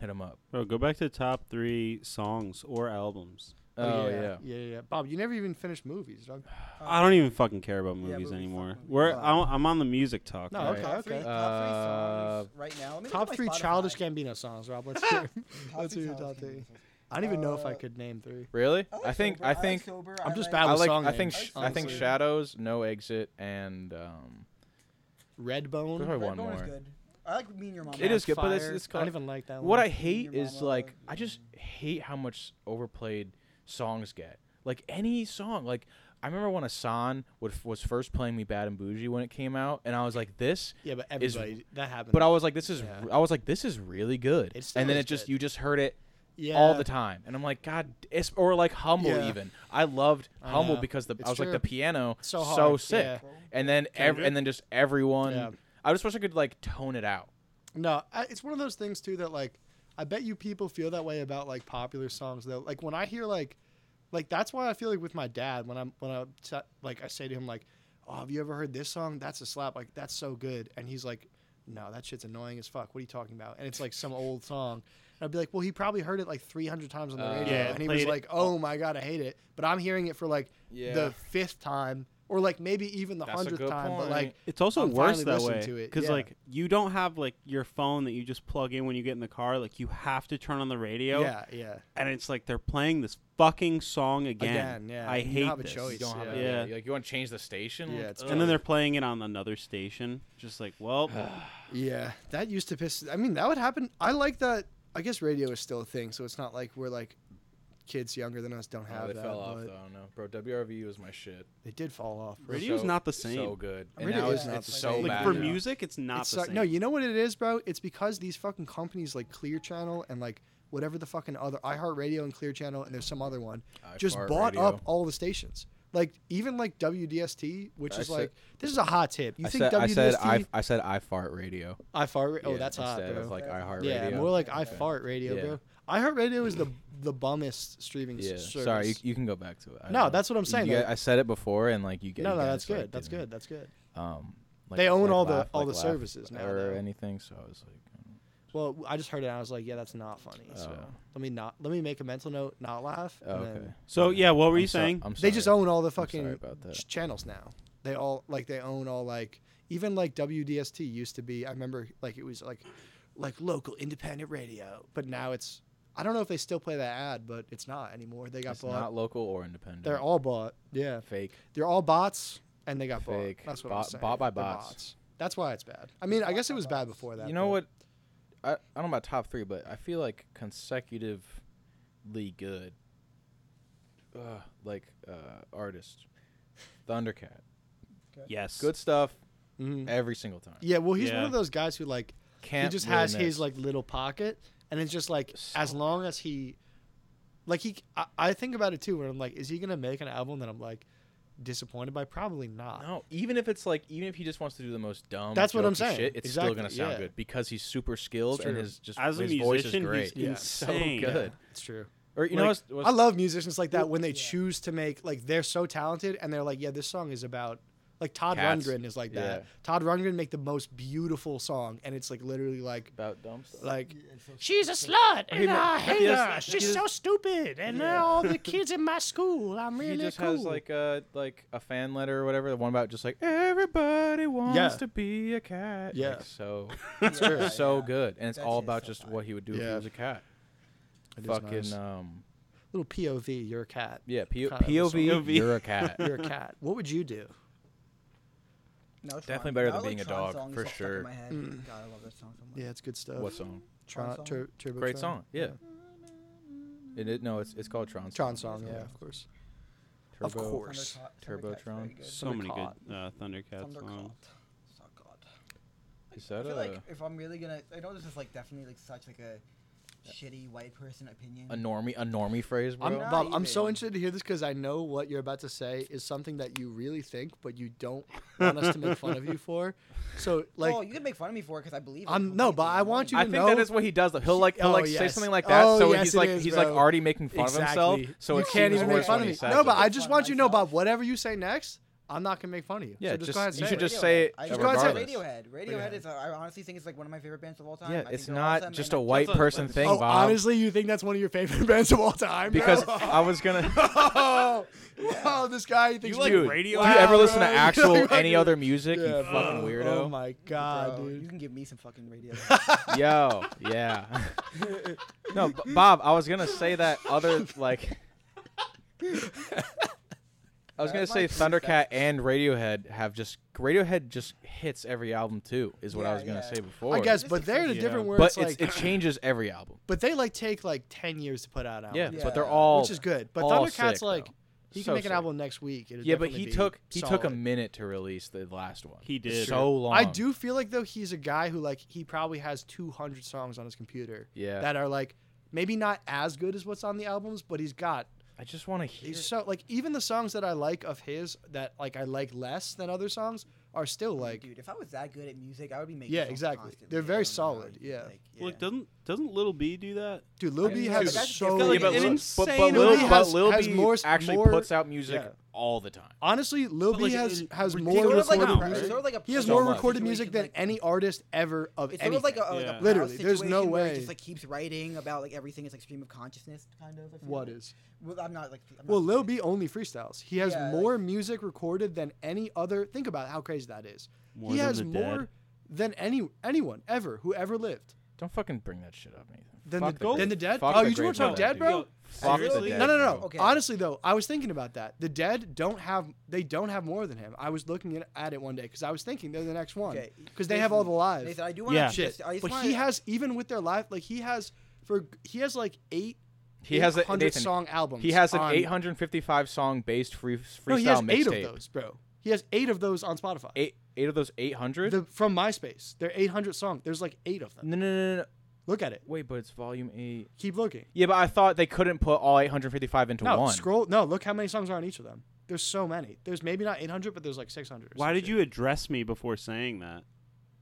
[SPEAKER 4] Hit him up.
[SPEAKER 3] Bro, go back to top three songs or albums.
[SPEAKER 4] Oh, yeah.
[SPEAKER 2] yeah, yeah, yeah. Bob, you never even finished movies, dog.
[SPEAKER 3] I don't even fucking care about movies
[SPEAKER 1] movies,
[SPEAKER 3] anymore.
[SPEAKER 1] fuck movies.
[SPEAKER 3] We're
[SPEAKER 1] Uh,
[SPEAKER 3] I, am on the music talk.
[SPEAKER 2] No,
[SPEAKER 3] right?
[SPEAKER 2] okay,
[SPEAKER 1] Top three,
[SPEAKER 2] okay.
[SPEAKER 1] top three songs
[SPEAKER 4] Uh,
[SPEAKER 1] right now. Let me look
[SPEAKER 2] Top
[SPEAKER 1] at my
[SPEAKER 2] three
[SPEAKER 1] Spotify.
[SPEAKER 2] childish Gambino songs, Rob. Let's hear.
[SPEAKER 1] Top
[SPEAKER 2] Let's
[SPEAKER 1] three
[SPEAKER 2] hear
[SPEAKER 1] Childish
[SPEAKER 2] your top three.
[SPEAKER 1] Gambino songs.
[SPEAKER 2] I don't even know if I
[SPEAKER 1] Uh,
[SPEAKER 2] could name three.
[SPEAKER 4] Really?
[SPEAKER 1] like
[SPEAKER 4] I think
[SPEAKER 1] Sober,
[SPEAKER 4] I
[SPEAKER 1] like
[SPEAKER 4] think
[SPEAKER 1] Sober,
[SPEAKER 2] I'm
[SPEAKER 1] I
[SPEAKER 2] just
[SPEAKER 1] like-
[SPEAKER 2] bad
[SPEAKER 4] I
[SPEAKER 2] with
[SPEAKER 4] like.
[SPEAKER 2] song
[SPEAKER 4] I think.
[SPEAKER 2] names,
[SPEAKER 4] sh- I think
[SPEAKER 2] honestly.
[SPEAKER 4] Shadows, No Exit, and um, there's
[SPEAKER 2] Redbone.
[SPEAKER 4] probably
[SPEAKER 1] Red
[SPEAKER 4] one
[SPEAKER 1] Bone is
[SPEAKER 4] more.
[SPEAKER 1] good. I like Me and Your Mama.
[SPEAKER 4] It is good, but it's
[SPEAKER 2] Fire.
[SPEAKER 4] it's
[SPEAKER 2] I don't
[SPEAKER 4] kind
[SPEAKER 2] even like that one.
[SPEAKER 4] What I hate
[SPEAKER 1] Your
[SPEAKER 4] is
[SPEAKER 1] Mama,
[SPEAKER 4] like I just hate how much overplayed songs get. Like any song, like I remember when Asan would, was first playing me Bad and Bougie when it came out, and I was like, this.
[SPEAKER 2] Yeah, but
[SPEAKER 4] is-
[SPEAKER 2] everybody that happened.
[SPEAKER 4] But I was like, this is.
[SPEAKER 2] Yeah.
[SPEAKER 4] I was like, this is really good.
[SPEAKER 2] It still
[SPEAKER 4] and then
[SPEAKER 2] is
[SPEAKER 4] it just
[SPEAKER 2] good.
[SPEAKER 4] you just heard it
[SPEAKER 2] yeah.
[SPEAKER 4] all the time, and I'm like, God, it's, or like humble
[SPEAKER 2] Yeah.
[SPEAKER 4] even. I loved
[SPEAKER 2] I
[SPEAKER 4] humble
[SPEAKER 2] know.
[SPEAKER 4] because the I
[SPEAKER 2] It's
[SPEAKER 4] was like the
[SPEAKER 2] true.
[SPEAKER 4] piano
[SPEAKER 2] So
[SPEAKER 4] so
[SPEAKER 2] hard,
[SPEAKER 4] sick,
[SPEAKER 2] yeah.
[SPEAKER 4] and then ev-
[SPEAKER 2] Kendrick?
[SPEAKER 4] and then just everyone.
[SPEAKER 2] Yeah.
[SPEAKER 4] I just wish I could like tone it out.
[SPEAKER 2] No, I, it's one of those things too that like I bet you people feel that way about like popular songs though. Like when I hear like like that's why I feel like with my dad when I'm when I t- like I say to him like, "Oh, have you ever heard this song? That's a slap. Like that's so good." And he's like, "No, that shit's annoying as fuck. What are you talking about?" And it's like some old song. And I'd be like, "Well, he probably heard it like 300 times on the
[SPEAKER 4] Uh,
[SPEAKER 2] radio."
[SPEAKER 4] Yeah,
[SPEAKER 2] and he was
[SPEAKER 7] played it-
[SPEAKER 2] like, "Oh my god, I hate it." But I'm hearing it for like
[SPEAKER 4] Yeah.
[SPEAKER 2] the fifth time or like maybe even the
[SPEAKER 4] That's a
[SPEAKER 2] 100th
[SPEAKER 4] good
[SPEAKER 2] time, but
[SPEAKER 4] point.
[SPEAKER 2] like
[SPEAKER 3] It's also
[SPEAKER 2] I'm
[SPEAKER 3] worse
[SPEAKER 2] finally
[SPEAKER 3] that
[SPEAKER 2] listening
[SPEAKER 3] way
[SPEAKER 2] to it,
[SPEAKER 3] because
[SPEAKER 2] yeah.
[SPEAKER 3] like you don't have like your phone that you just plug in when you get in the car. Like you have to turn on the radio,
[SPEAKER 2] yeah, yeah.
[SPEAKER 3] and it's like they're playing this fucking song again.
[SPEAKER 2] Again, yeah.
[SPEAKER 3] I
[SPEAKER 2] You don't
[SPEAKER 3] hate
[SPEAKER 2] have a
[SPEAKER 3] this.
[SPEAKER 2] choice.
[SPEAKER 4] You don't have
[SPEAKER 2] Yeah.
[SPEAKER 4] a-
[SPEAKER 3] Yeah.
[SPEAKER 4] Like you want to change the station?
[SPEAKER 2] Yeah,
[SPEAKER 4] Like,
[SPEAKER 2] it's
[SPEAKER 4] ugh.
[SPEAKER 3] And then they're playing it on another station. Just like, well,
[SPEAKER 4] Uh,
[SPEAKER 2] Yeah, that used to piss. I mean, that would happen. I like that. I guess radio is still a thing, so it's not like we're like kids younger than us don't
[SPEAKER 4] Oh,
[SPEAKER 2] have
[SPEAKER 4] they
[SPEAKER 2] that.
[SPEAKER 4] fell off
[SPEAKER 2] but
[SPEAKER 4] though. I don't know, bro. WRVU was my shit.
[SPEAKER 2] They did fall off. bro.
[SPEAKER 3] Radio's
[SPEAKER 4] so,
[SPEAKER 3] not the
[SPEAKER 4] So
[SPEAKER 3] same.
[SPEAKER 4] good. And
[SPEAKER 2] Radio
[SPEAKER 4] now
[SPEAKER 2] is
[SPEAKER 4] it's,
[SPEAKER 2] not
[SPEAKER 4] it's
[SPEAKER 2] the
[SPEAKER 4] so
[SPEAKER 2] same.
[SPEAKER 4] bad.
[SPEAKER 3] like for
[SPEAKER 4] now.
[SPEAKER 3] music, it's not
[SPEAKER 2] It's
[SPEAKER 3] the
[SPEAKER 2] like-
[SPEAKER 3] same.
[SPEAKER 2] no, you know what it is, bro? It's because these fucking companies like Clear Channel and like whatever the fucking other iHeartRadio and Clear Channel and there's some other one just bought
[SPEAKER 4] iHeartRadio.
[SPEAKER 2] up all the stations. Like even like WDST, which
[SPEAKER 4] I
[SPEAKER 2] is
[SPEAKER 4] said-
[SPEAKER 2] like this is a hot tip. You
[SPEAKER 4] I
[SPEAKER 2] think
[SPEAKER 4] said, I
[SPEAKER 2] WDST?
[SPEAKER 4] said I, I said I fart radio.
[SPEAKER 2] I fart. ra- Oh,
[SPEAKER 4] Yeah,
[SPEAKER 2] that's hot,
[SPEAKER 4] instead
[SPEAKER 2] bro.
[SPEAKER 4] of like iHeart
[SPEAKER 2] yeah,
[SPEAKER 4] radio.
[SPEAKER 2] more like I fart radio,
[SPEAKER 4] Yeah.
[SPEAKER 2] bro. I heart radio is the the bummest streaming s-
[SPEAKER 4] Yeah.
[SPEAKER 2] service.
[SPEAKER 4] Sorry, you, you can go back to it. I
[SPEAKER 2] No,
[SPEAKER 4] don't-
[SPEAKER 2] that's what I'm
[SPEAKER 4] you
[SPEAKER 2] saying,
[SPEAKER 4] guys-
[SPEAKER 2] like-
[SPEAKER 4] I said it before, and like you get.
[SPEAKER 2] no,
[SPEAKER 4] you
[SPEAKER 2] no,
[SPEAKER 4] guys,
[SPEAKER 2] that's good.
[SPEAKER 4] like,
[SPEAKER 2] That's
[SPEAKER 4] didn't,
[SPEAKER 2] good. That's good.
[SPEAKER 4] Um, like-
[SPEAKER 2] They own
[SPEAKER 4] like
[SPEAKER 2] all the-
[SPEAKER 4] laugh-
[SPEAKER 2] all
[SPEAKER 4] like
[SPEAKER 2] the
[SPEAKER 4] laugh
[SPEAKER 2] services now,
[SPEAKER 4] or
[SPEAKER 2] though.
[SPEAKER 4] anything. So I was like,
[SPEAKER 2] Well, I just heard it. and I was like, yeah, that's not funny. So
[SPEAKER 4] Oh.
[SPEAKER 2] let me not let me make a mental note, not laugh.
[SPEAKER 4] oh,
[SPEAKER 2] and
[SPEAKER 4] okay.
[SPEAKER 2] then-
[SPEAKER 3] So yeah, what were
[SPEAKER 4] I'm
[SPEAKER 3] you
[SPEAKER 4] so-
[SPEAKER 3] saying?
[SPEAKER 4] I'm
[SPEAKER 2] They just
[SPEAKER 4] sorry.
[SPEAKER 2] own all the
[SPEAKER 4] sorry
[SPEAKER 2] fucking
[SPEAKER 4] about that.
[SPEAKER 2] ch- channels now. They all like they own all like even like WDST used to be. I remember like it was like like local independent radio, but now it's I don't know if they still play that ad, but it's not anymore. They got
[SPEAKER 4] It's
[SPEAKER 2] bought.
[SPEAKER 4] not local or independent.
[SPEAKER 2] They're all bought. Yeah,
[SPEAKER 4] fake.
[SPEAKER 2] they're all bots, and they got bought.
[SPEAKER 4] Fake.
[SPEAKER 2] That's what I'm
[SPEAKER 4] Bought-
[SPEAKER 2] saying.
[SPEAKER 4] bought by
[SPEAKER 2] They're
[SPEAKER 4] bots.
[SPEAKER 2] That's why it's bad. I mean, I guess it was bad before that.
[SPEAKER 4] You know
[SPEAKER 2] but-
[SPEAKER 4] what? I, I don't know about top three, but I feel like consecutively good, uh, like uh, artist, Thundercat.
[SPEAKER 3] yes.
[SPEAKER 4] Good stuff
[SPEAKER 3] Mm-hmm.
[SPEAKER 2] Mhm.
[SPEAKER 4] every single time.
[SPEAKER 2] Yeah, well, he's
[SPEAKER 3] Yeah.
[SPEAKER 2] one of those guys who like
[SPEAKER 4] Can't
[SPEAKER 2] he just
[SPEAKER 4] really
[SPEAKER 2] has
[SPEAKER 4] miss.
[SPEAKER 2] his like little pocket, and it's just like as long as he, like he, I, I think about it too. When I'm like, is he gonna make an album that I'm like disappointed by? Probably not.
[SPEAKER 4] No, even if it's like, even if he just wants to do the most dumb,
[SPEAKER 2] That's what I'm
[SPEAKER 4] jokey
[SPEAKER 2] saying.
[SPEAKER 4] Shit, it's
[SPEAKER 2] Exactly,
[SPEAKER 4] still gonna sound
[SPEAKER 2] yeah.
[SPEAKER 4] good because he's super skilled and
[SPEAKER 2] true.
[SPEAKER 4] his just
[SPEAKER 3] As a
[SPEAKER 4] his
[SPEAKER 3] musician,
[SPEAKER 4] voice is
[SPEAKER 3] he's
[SPEAKER 4] great.
[SPEAKER 2] Yeah.
[SPEAKER 3] insane.
[SPEAKER 4] So good.
[SPEAKER 2] It's true.
[SPEAKER 4] Or you know,
[SPEAKER 2] Like,
[SPEAKER 4] what's, what's,
[SPEAKER 2] I love musicians like that when they choose to make like they're so talented and they're like, yeah, this song is about like Todd
[SPEAKER 4] Cats.
[SPEAKER 2] Rundgren is like that.
[SPEAKER 4] Yeah.
[SPEAKER 2] Todd Rundgren make the most beautiful song, and it's like literally like
[SPEAKER 4] about dumb stuff.
[SPEAKER 2] like
[SPEAKER 15] She's a slut, and I hate
[SPEAKER 4] just-
[SPEAKER 15] her.
[SPEAKER 4] he
[SPEAKER 15] She's
[SPEAKER 4] just-
[SPEAKER 15] so stupid, and now all the kids in my school, I'm
[SPEAKER 4] he
[SPEAKER 15] really
[SPEAKER 4] just
[SPEAKER 15] cool.
[SPEAKER 4] has like a like a fan letter or whatever. The one about just like everybody wants
[SPEAKER 2] Yeah.
[SPEAKER 4] to be a cat.
[SPEAKER 2] Yeah.
[SPEAKER 4] like, so it's so good, and it's all about just what he would do if he
[SPEAKER 2] Yeah.
[SPEAKER 4] was a cat.
[SPEAKER 2] it is
[SPEAKER 4] Fucking
[SPEAKER 2] nice.
[SPEAKER 4] um,
[SPEAKER 2] little POV, you're a cat.
[SPEAKER 4] yeah, P-
[SPEAKER 2] Kind of a
[SPEAKER 4] POV,
[SPEAKER 3] song.
[SPEAKER 4] You're a cat.
[SPEAKER 2] You're a cat. What would you do?
[SPEAKER 1] No, Tron.
[SPEAKER 4] Definitely better
[SPEAKER 1] That
[SPEAKER 4] than being a
[SPEAKER 1] Electron
[SPEAKER 4] dog,
[SPEAKER 1] song is
[SPEAKER 4] for
[SPEAKER 1] all stuck in
[SPEAKER 4] sure.
[SPEAKER 1] my head. God, I love that song so much.
[SPEAKER 2] Mm. Yeah, it's good stuff.
[SPEAKER 4] what song?
[SPEAKER 2] Tron,
[SPEAKER 1] Tron
[SPEAKER 2] Tur- Turbo
[SPEAKER 4] Great
[SPEAKER 2] Tron.
[SPEAKER 4] song. Yeah. It, it, no, it's it's called Tron.
[SPEAKER 2] Tron song, yeah,
[SPEAKER 4] Yeah.
[SPEAKER 2] of course.
[SPEAKER 4] Turbo,
[SPEAKER 2] Of
[SPEAKER 1] Thunder
[SPEAKER 2] course.
[SPEAKER 1] Tot-
[SPEAKER 4] Turbotron.
[SPEAKER 1] Thundercat's very good.
[SPEAKER 3] So many
[SPEAKER 2] Thundercat.
[SPEAKER 3] good uh, Thundercat songs.
[SPEAKER 1] Thundercat. So good.
[SPEAKER 4] Is
[SPEAKER 1] I
[SPEAKER 4] that
[SPEAKER 1] feel
[SPEAKER 4] a,
[SPEAKER 1] like if I'm really gonna, I know this is like definitely like such like a shitty white person opinion.
[SPEAKER 4] a normie a normie phrase, bro?
[SPEAKER 2] I'm,
[SPEAKER 1] Not
[SPEAKER 2] Bob, I'm so
[SPEAKER 1] even.
[SPEAKER 2] interested to hear this because I know what you're about to say is something that you really think, but you don't want us to make fun of you for. So, like,
[SPEAKER 1] well, you can make fun of me for it because I believe. it
[SPEAKER 2] I'm no,
[SPEAKER 1] completely,
[SPEAKER 2] but I
[SPEAKER 1] you know?
[SPEAKER 2] want you
[SPEAKER 4] I
[SPEAKER 2] to
[SPEAKER 4] think
[SPEAKER 2] know.
[SPEAKER 4] that is what he does. Though. He'll like he'll
[SPEAKER 2] Oh,
[SPEAKER 4] like say
[SPEAKER 2] yes.
[SPEAKER 4] something like that,
[SPEAKER 2] Oh,
[SPEAKER 4] so
[SPEAKER 2] yes,
[SPEAKER 4] he's
[SPEAKER 2] it
[SPEAKER 4] like
[SPEAKER 2] is,
[SPEAKER 4] he's like
[SPEAKER 2] bro.
[SPEAKER 4] already making fun of himself.
[SPEAKER 2] Exactly.
[SPEAKER 4] So
[SPEAKER 2] you
[SPEAKER 4] it
[SPEAKER 2] can't
[SPEAKER 4] seems
[SPEAKER 2] even make
[SPEAKER 4] worse
[SPEAKER 2] fun
[SPEAKER 4] when
[SPEAKER 2] of
[SPEAKER 4] he
[SPEAKER 2] me.
[SPEAKER 4] says
[SPEAKER 2] No,
[SPEAKER 4] it.
[SPEAKER 2] but I
[SPEAKER 1] Make
[SPEAKER 2] just
[SPEAKER 1] fun
[SPEAKER 2] want you to know,
[SPEAKER 1] myself.
[SPEAKER 2] Bob. Whatever you say next, I'm not gonna make fun of you.
[SPEAKER 4] Yeah,
[SPEAKER 2] so
[SPEAKER 4] just-
[SPEAKER 2] go ahead. And
[SPEAKER 4] you
[SPEAKER 2] say
[SPEAKER 4] should
[SPEAKER 2] it.
[SPEAKER 4] just say it
[SPEAKER 1] I just
[SPEAKER 2] Just go ahead and say it.
[SPEAKER 1] Radiohead. Radiohead is. I honestly think it's like one of my favorite bands of all time. I
[SPEAKER 4] yeah,
[SPEAKER 1] think
[SPEAKER 4] it's
[SPEAKER 1] they're
[SPEAKER 4] not
[SPEAKER 1] awesome,
[SPEAKER 4] just
[SPEAKER 1] and
[SPEAKER 4] a
[SPEAKER 1] I-
[SPEAKER 4] white person thing,
[SPEAKER 2] Oh,
[SPEAKER 4] Bob.
[SPEAKER 2] honestly, you think that's one of your favorite bands of all time? bro?
[SPEAKER 4] because I was gonna.
[SPEAKER 2] oh, wow, this guy he thinks
[SPEAKER 7] You like
[SPEAKER 4] Dude,
[SPEAKER 7] radio?
[SPEAKER 4] Do you ever listen to
[SPEAKER 2] bro.
[SPEAKER 4] actual any other music? You
[SPEAKER 2] Yeah,
[SPEAKER 4] fucking
[SPEAKER 2] bro.
[SPEAKER 4] weirdo.
[SPEAKER 2] Oh my god,
[SPEAKER 1] Bro,
[SPEAKER 2] dude.
[SPEAKER 1] You can give me some fucking radio.
[SPEAKER 4] Yo, yeah. no, B- Bob, I was gonna say that other like. I was gonna
[SPEAKER 1] That
[SPEAKER 4] say
[SPEAKER 1] might be the
[SPEAKER 4] Thundercat and Radiohead have just Radiohead just hits every album too, is what I
[SPEAKER 1] Yeah,
[SPEAKER 4] was gonna
[SPEAKER 1] yeah.
[SPEAKER 4] say before.
[SPEAKER 2] I guess, but they're in a different where
[SPEAKER 4] but
[SPEAKER 2] it's like,
[SPEAKER 4] it's, it changes every album.
[SPEAKER 2] but they like take like ten years to put out albums,
[SPEAKER 4] Yeah,
[SPEAKER 1] Yeah.
[SPEAKER 4] but they're all
[SPEAKER 2] which is good. But
[SPEAKER 4] all
[SPEAKER 2] Thundercat's
[SPEAKER 4] sick,
[SPEAKER 2] like,
[SPEAKER 4] though.
[SPEAKER 2] he
[SPEAKER 4] So
[SPEAKER 2] can make an
[SPEAKER 4] sick.
[SPEAKER 2] album next week. It'll
[SPEAKER 4] Yeah, but
[SPEAKER 2] definitely
[SPEAKER 4] he
[SPEAKER 2] be
[SPEAKER 4] took he took a
[SPEAKER 2] solid.
[SPEAKER 4] minute to release the last one.
[SPEAKER 3] He did.
[SPEAKER 4] so long.
[SPEAKER 2] I do feel like though he's a guy who like he probably has 200 songs on his computer.
[SPEAKER 4] Yeah.
[SPEAKER 2] That are like maybe not as good as what's on the albums, but he's got
[SPEAKER 4] I just want to hear.
[SPEAKER 2] he's so like even the songs that I like of his that like I like less than other songs are still like
[SPEAKER 1] Dude, if I was that good at music, I would be making.
[SPEAKER 2] Yeah,
[SPEAKER 1] songs
[SPEAKER 2] exactly.
[SPEAKER 1] constantly. I
[SPEAKER 2] They're very
[SPEAKER 1] don't know how
[SPEAKER 2] solid,
[SPEAKER 1] you-
[SPEAKER 2] yeah.
[SPEAKER 1] like,
[SPEAKER 3] Well, doesn't doesn't Little B do that?
[SPEAKER 2] dude Lil
[SPEAKER 1] I
[SPEAKER 2] B
[SPEAKER 1] mean,
[SPEAKER 2] has
[SPEAKER 1] yeah, but
[SPEAKER 2] so
[SPEAKER 1] that's- I feel like
[SPEAKER 2] many-
[SPEAKER 1] it
[SPEAKER 3] but,
[SPEAKER 1] is
[SPEAKER 3] but,
[SPEAKER 1] insane
[SPEAKER 3] Lil,
[SPEAKER 2] Oh, Lil B
[SPEAKER 4] but
[SPEAKER 2] has-
[SPEAKER 4] Lil
[SPEAKER 2] has
[SPEAKER 4] B
[SPEAKER 2] more-
[SPEAKER 4] actually
[SPEAKER 2] more-
[SPEAKER 4] puts out music
[SPEAKER 2] yeah.
[SPEAKER 4] all the time.
[SPEAKER 2] honestly Lil
[SPEAKER 3] But,
[SPEAKER 2] B
[SPEAKER 3] like,
[SPEAKER 2] has
[SPEAKER 3] it-
[SPEAKER 2] has
[SPEAKER 3] it's
[SPEAKER 2] more
[SPEAKER 1] Sort of like
[SPEAKER 2] recorded
[SPEAKER 1] a pre-
[SPEAKER 2] music.
[SPEAKER 1] sort of like a
[SPEAKER 2] He has
[SPEAKER 1] so
[SPEAKER 2] more
[SPEAKER 1] much.
[SPEAKER 2] recorded
[SPEAKER 1] situation,
[SPEAKER 2] music than
[SPEAKER 1] like-
[SPEAKER 2] any artist ever of
[SPEAKER 1] It's
[SPEAKER 2] anything.
[SPEAKER 1] sort of like a, like a
[SPEAKER 3] Yeah.
[SPEAKER 1] Proud
[SPEAKER 2] Literally, there's no
[SPEAKER 1] situation where he
[SPEAKER 2] way.
[SPEAKER 1] just like keeps writing about like everything. It's like stream of consciousness kind of. I feel
[SPEAKER 2] what
[SPEAKER 1] like.
[SPEAKER 2] is
[SPEAKER 1] Well, I'm not like. I'm
[SPEAKER 2] Well,
[SPEAKER 1] not
[SPEAKER 2] Lil B only freestyles. He has
[SPEAKER 1] Yeah,
[SPEAKER 2] more music recorded than any other. Think about how crazy that is.
[SPEAKER 3] More
[SPEAKER 2] he
[SPEAKER 3] than
[SPEAKER 2] has
[SPEAKER 3] the
[SPEAKER 2] more
[SPEAKER 3] dead.
[SPEAKER 2] than any anyone ever who ever lived.
[SPEAKER 4] Don't fucking bring that shit up, Nathan.
[SPEAKER 2] Than
[SPEAKER 4] Fuck
[SPEAKER 2] the,
[SPEAKER 4] the,
[SPEAKER 2] than
[SPEAKER 4] great-
[SPEAKER 2] the dead.
[SPEAKER 4] fuck
[SPEAKER 2] oh,
[SPEAKER 4] the
[SPEAKER 2] you just
[SPEAKER 4] great
[SPEAKER 2] want to talk
[SPEAKER 4] Muppet,
[SPEAKER 2] dead,
[SPEAKER 4] dude.
[SPEAKER 2] bro?
[SPEAKER 3] Yo,
[SPEAKER 4] Fuck the
[SPEAKER 3] seriously?
[SPEAKER 4] dead,
[SPEAKER 2] no, no, no.
[SPEAKER 4] bro.
[SPEAKER 1] Okay.
[SPEAKER 2] Honestly, though, I was thinking about that. The dead don't have. They don't have more than him. I was looking at- at it one day because I was thinking they're the next one
[SPEAKER 1] Okay,
[SPEAKER 2] because they have all the
[SPEAKER 1] Nathan-
[SPEAKER 2] live
[SPEAKER 1] Nathan, I do want
[SPEAKER 3] Yeah.
[SPEAKER 1] to.
[SPEAKER 2] shit.
[SPEAKER 1] I just
[SPEAKER 2] but
[SPEAKER 1] wanna,
[SPEAKER 2] he has even with their live, like he has for he has like eight.
[SPEAKER 4] He has a
[SPEAKER 2] hundred
[SPEAKER 4] Nathan,
[SPEAKER 2] song albums.
[SPEAKER 4] He has an
[SPEAKER 2] on-
[SPEAKER 4] 855 song based free freestyle
[SPEAKER 2] No, he has eight
[SPEAKER 4] mixtape.
[SPEAKER 2] of those, bro. He has eight of those on Spotify.
[SPEAKER 4] Eight eight of those 800.
[SPEAKER 2] The, from MySpace. They're 800 songs. There's like eight of them.
[SPEAKER 4] no, no, no, no, no.
[SPEAKER 2] Look at it.
[SPEAKER 4] Wait, but it's volume eight.
[SPEAKER 2] Keep looking.
[SPEAKER 4] Yeah, but I thought they couldn't put all 855 into
[SPEAKER 2] No,
[SPEAKER 4] one.
[SPEAKER 2] scroll. No, look how many songs are on each of them. There's so many. There's maybe not 800, but there's like 600. Or
[SPEAKER 3] Why
[SPEAKER 2] some
[SPEAKER 3] did
[SPEAKER 2] shit.
[SPEAKER 3] you address me before saying that?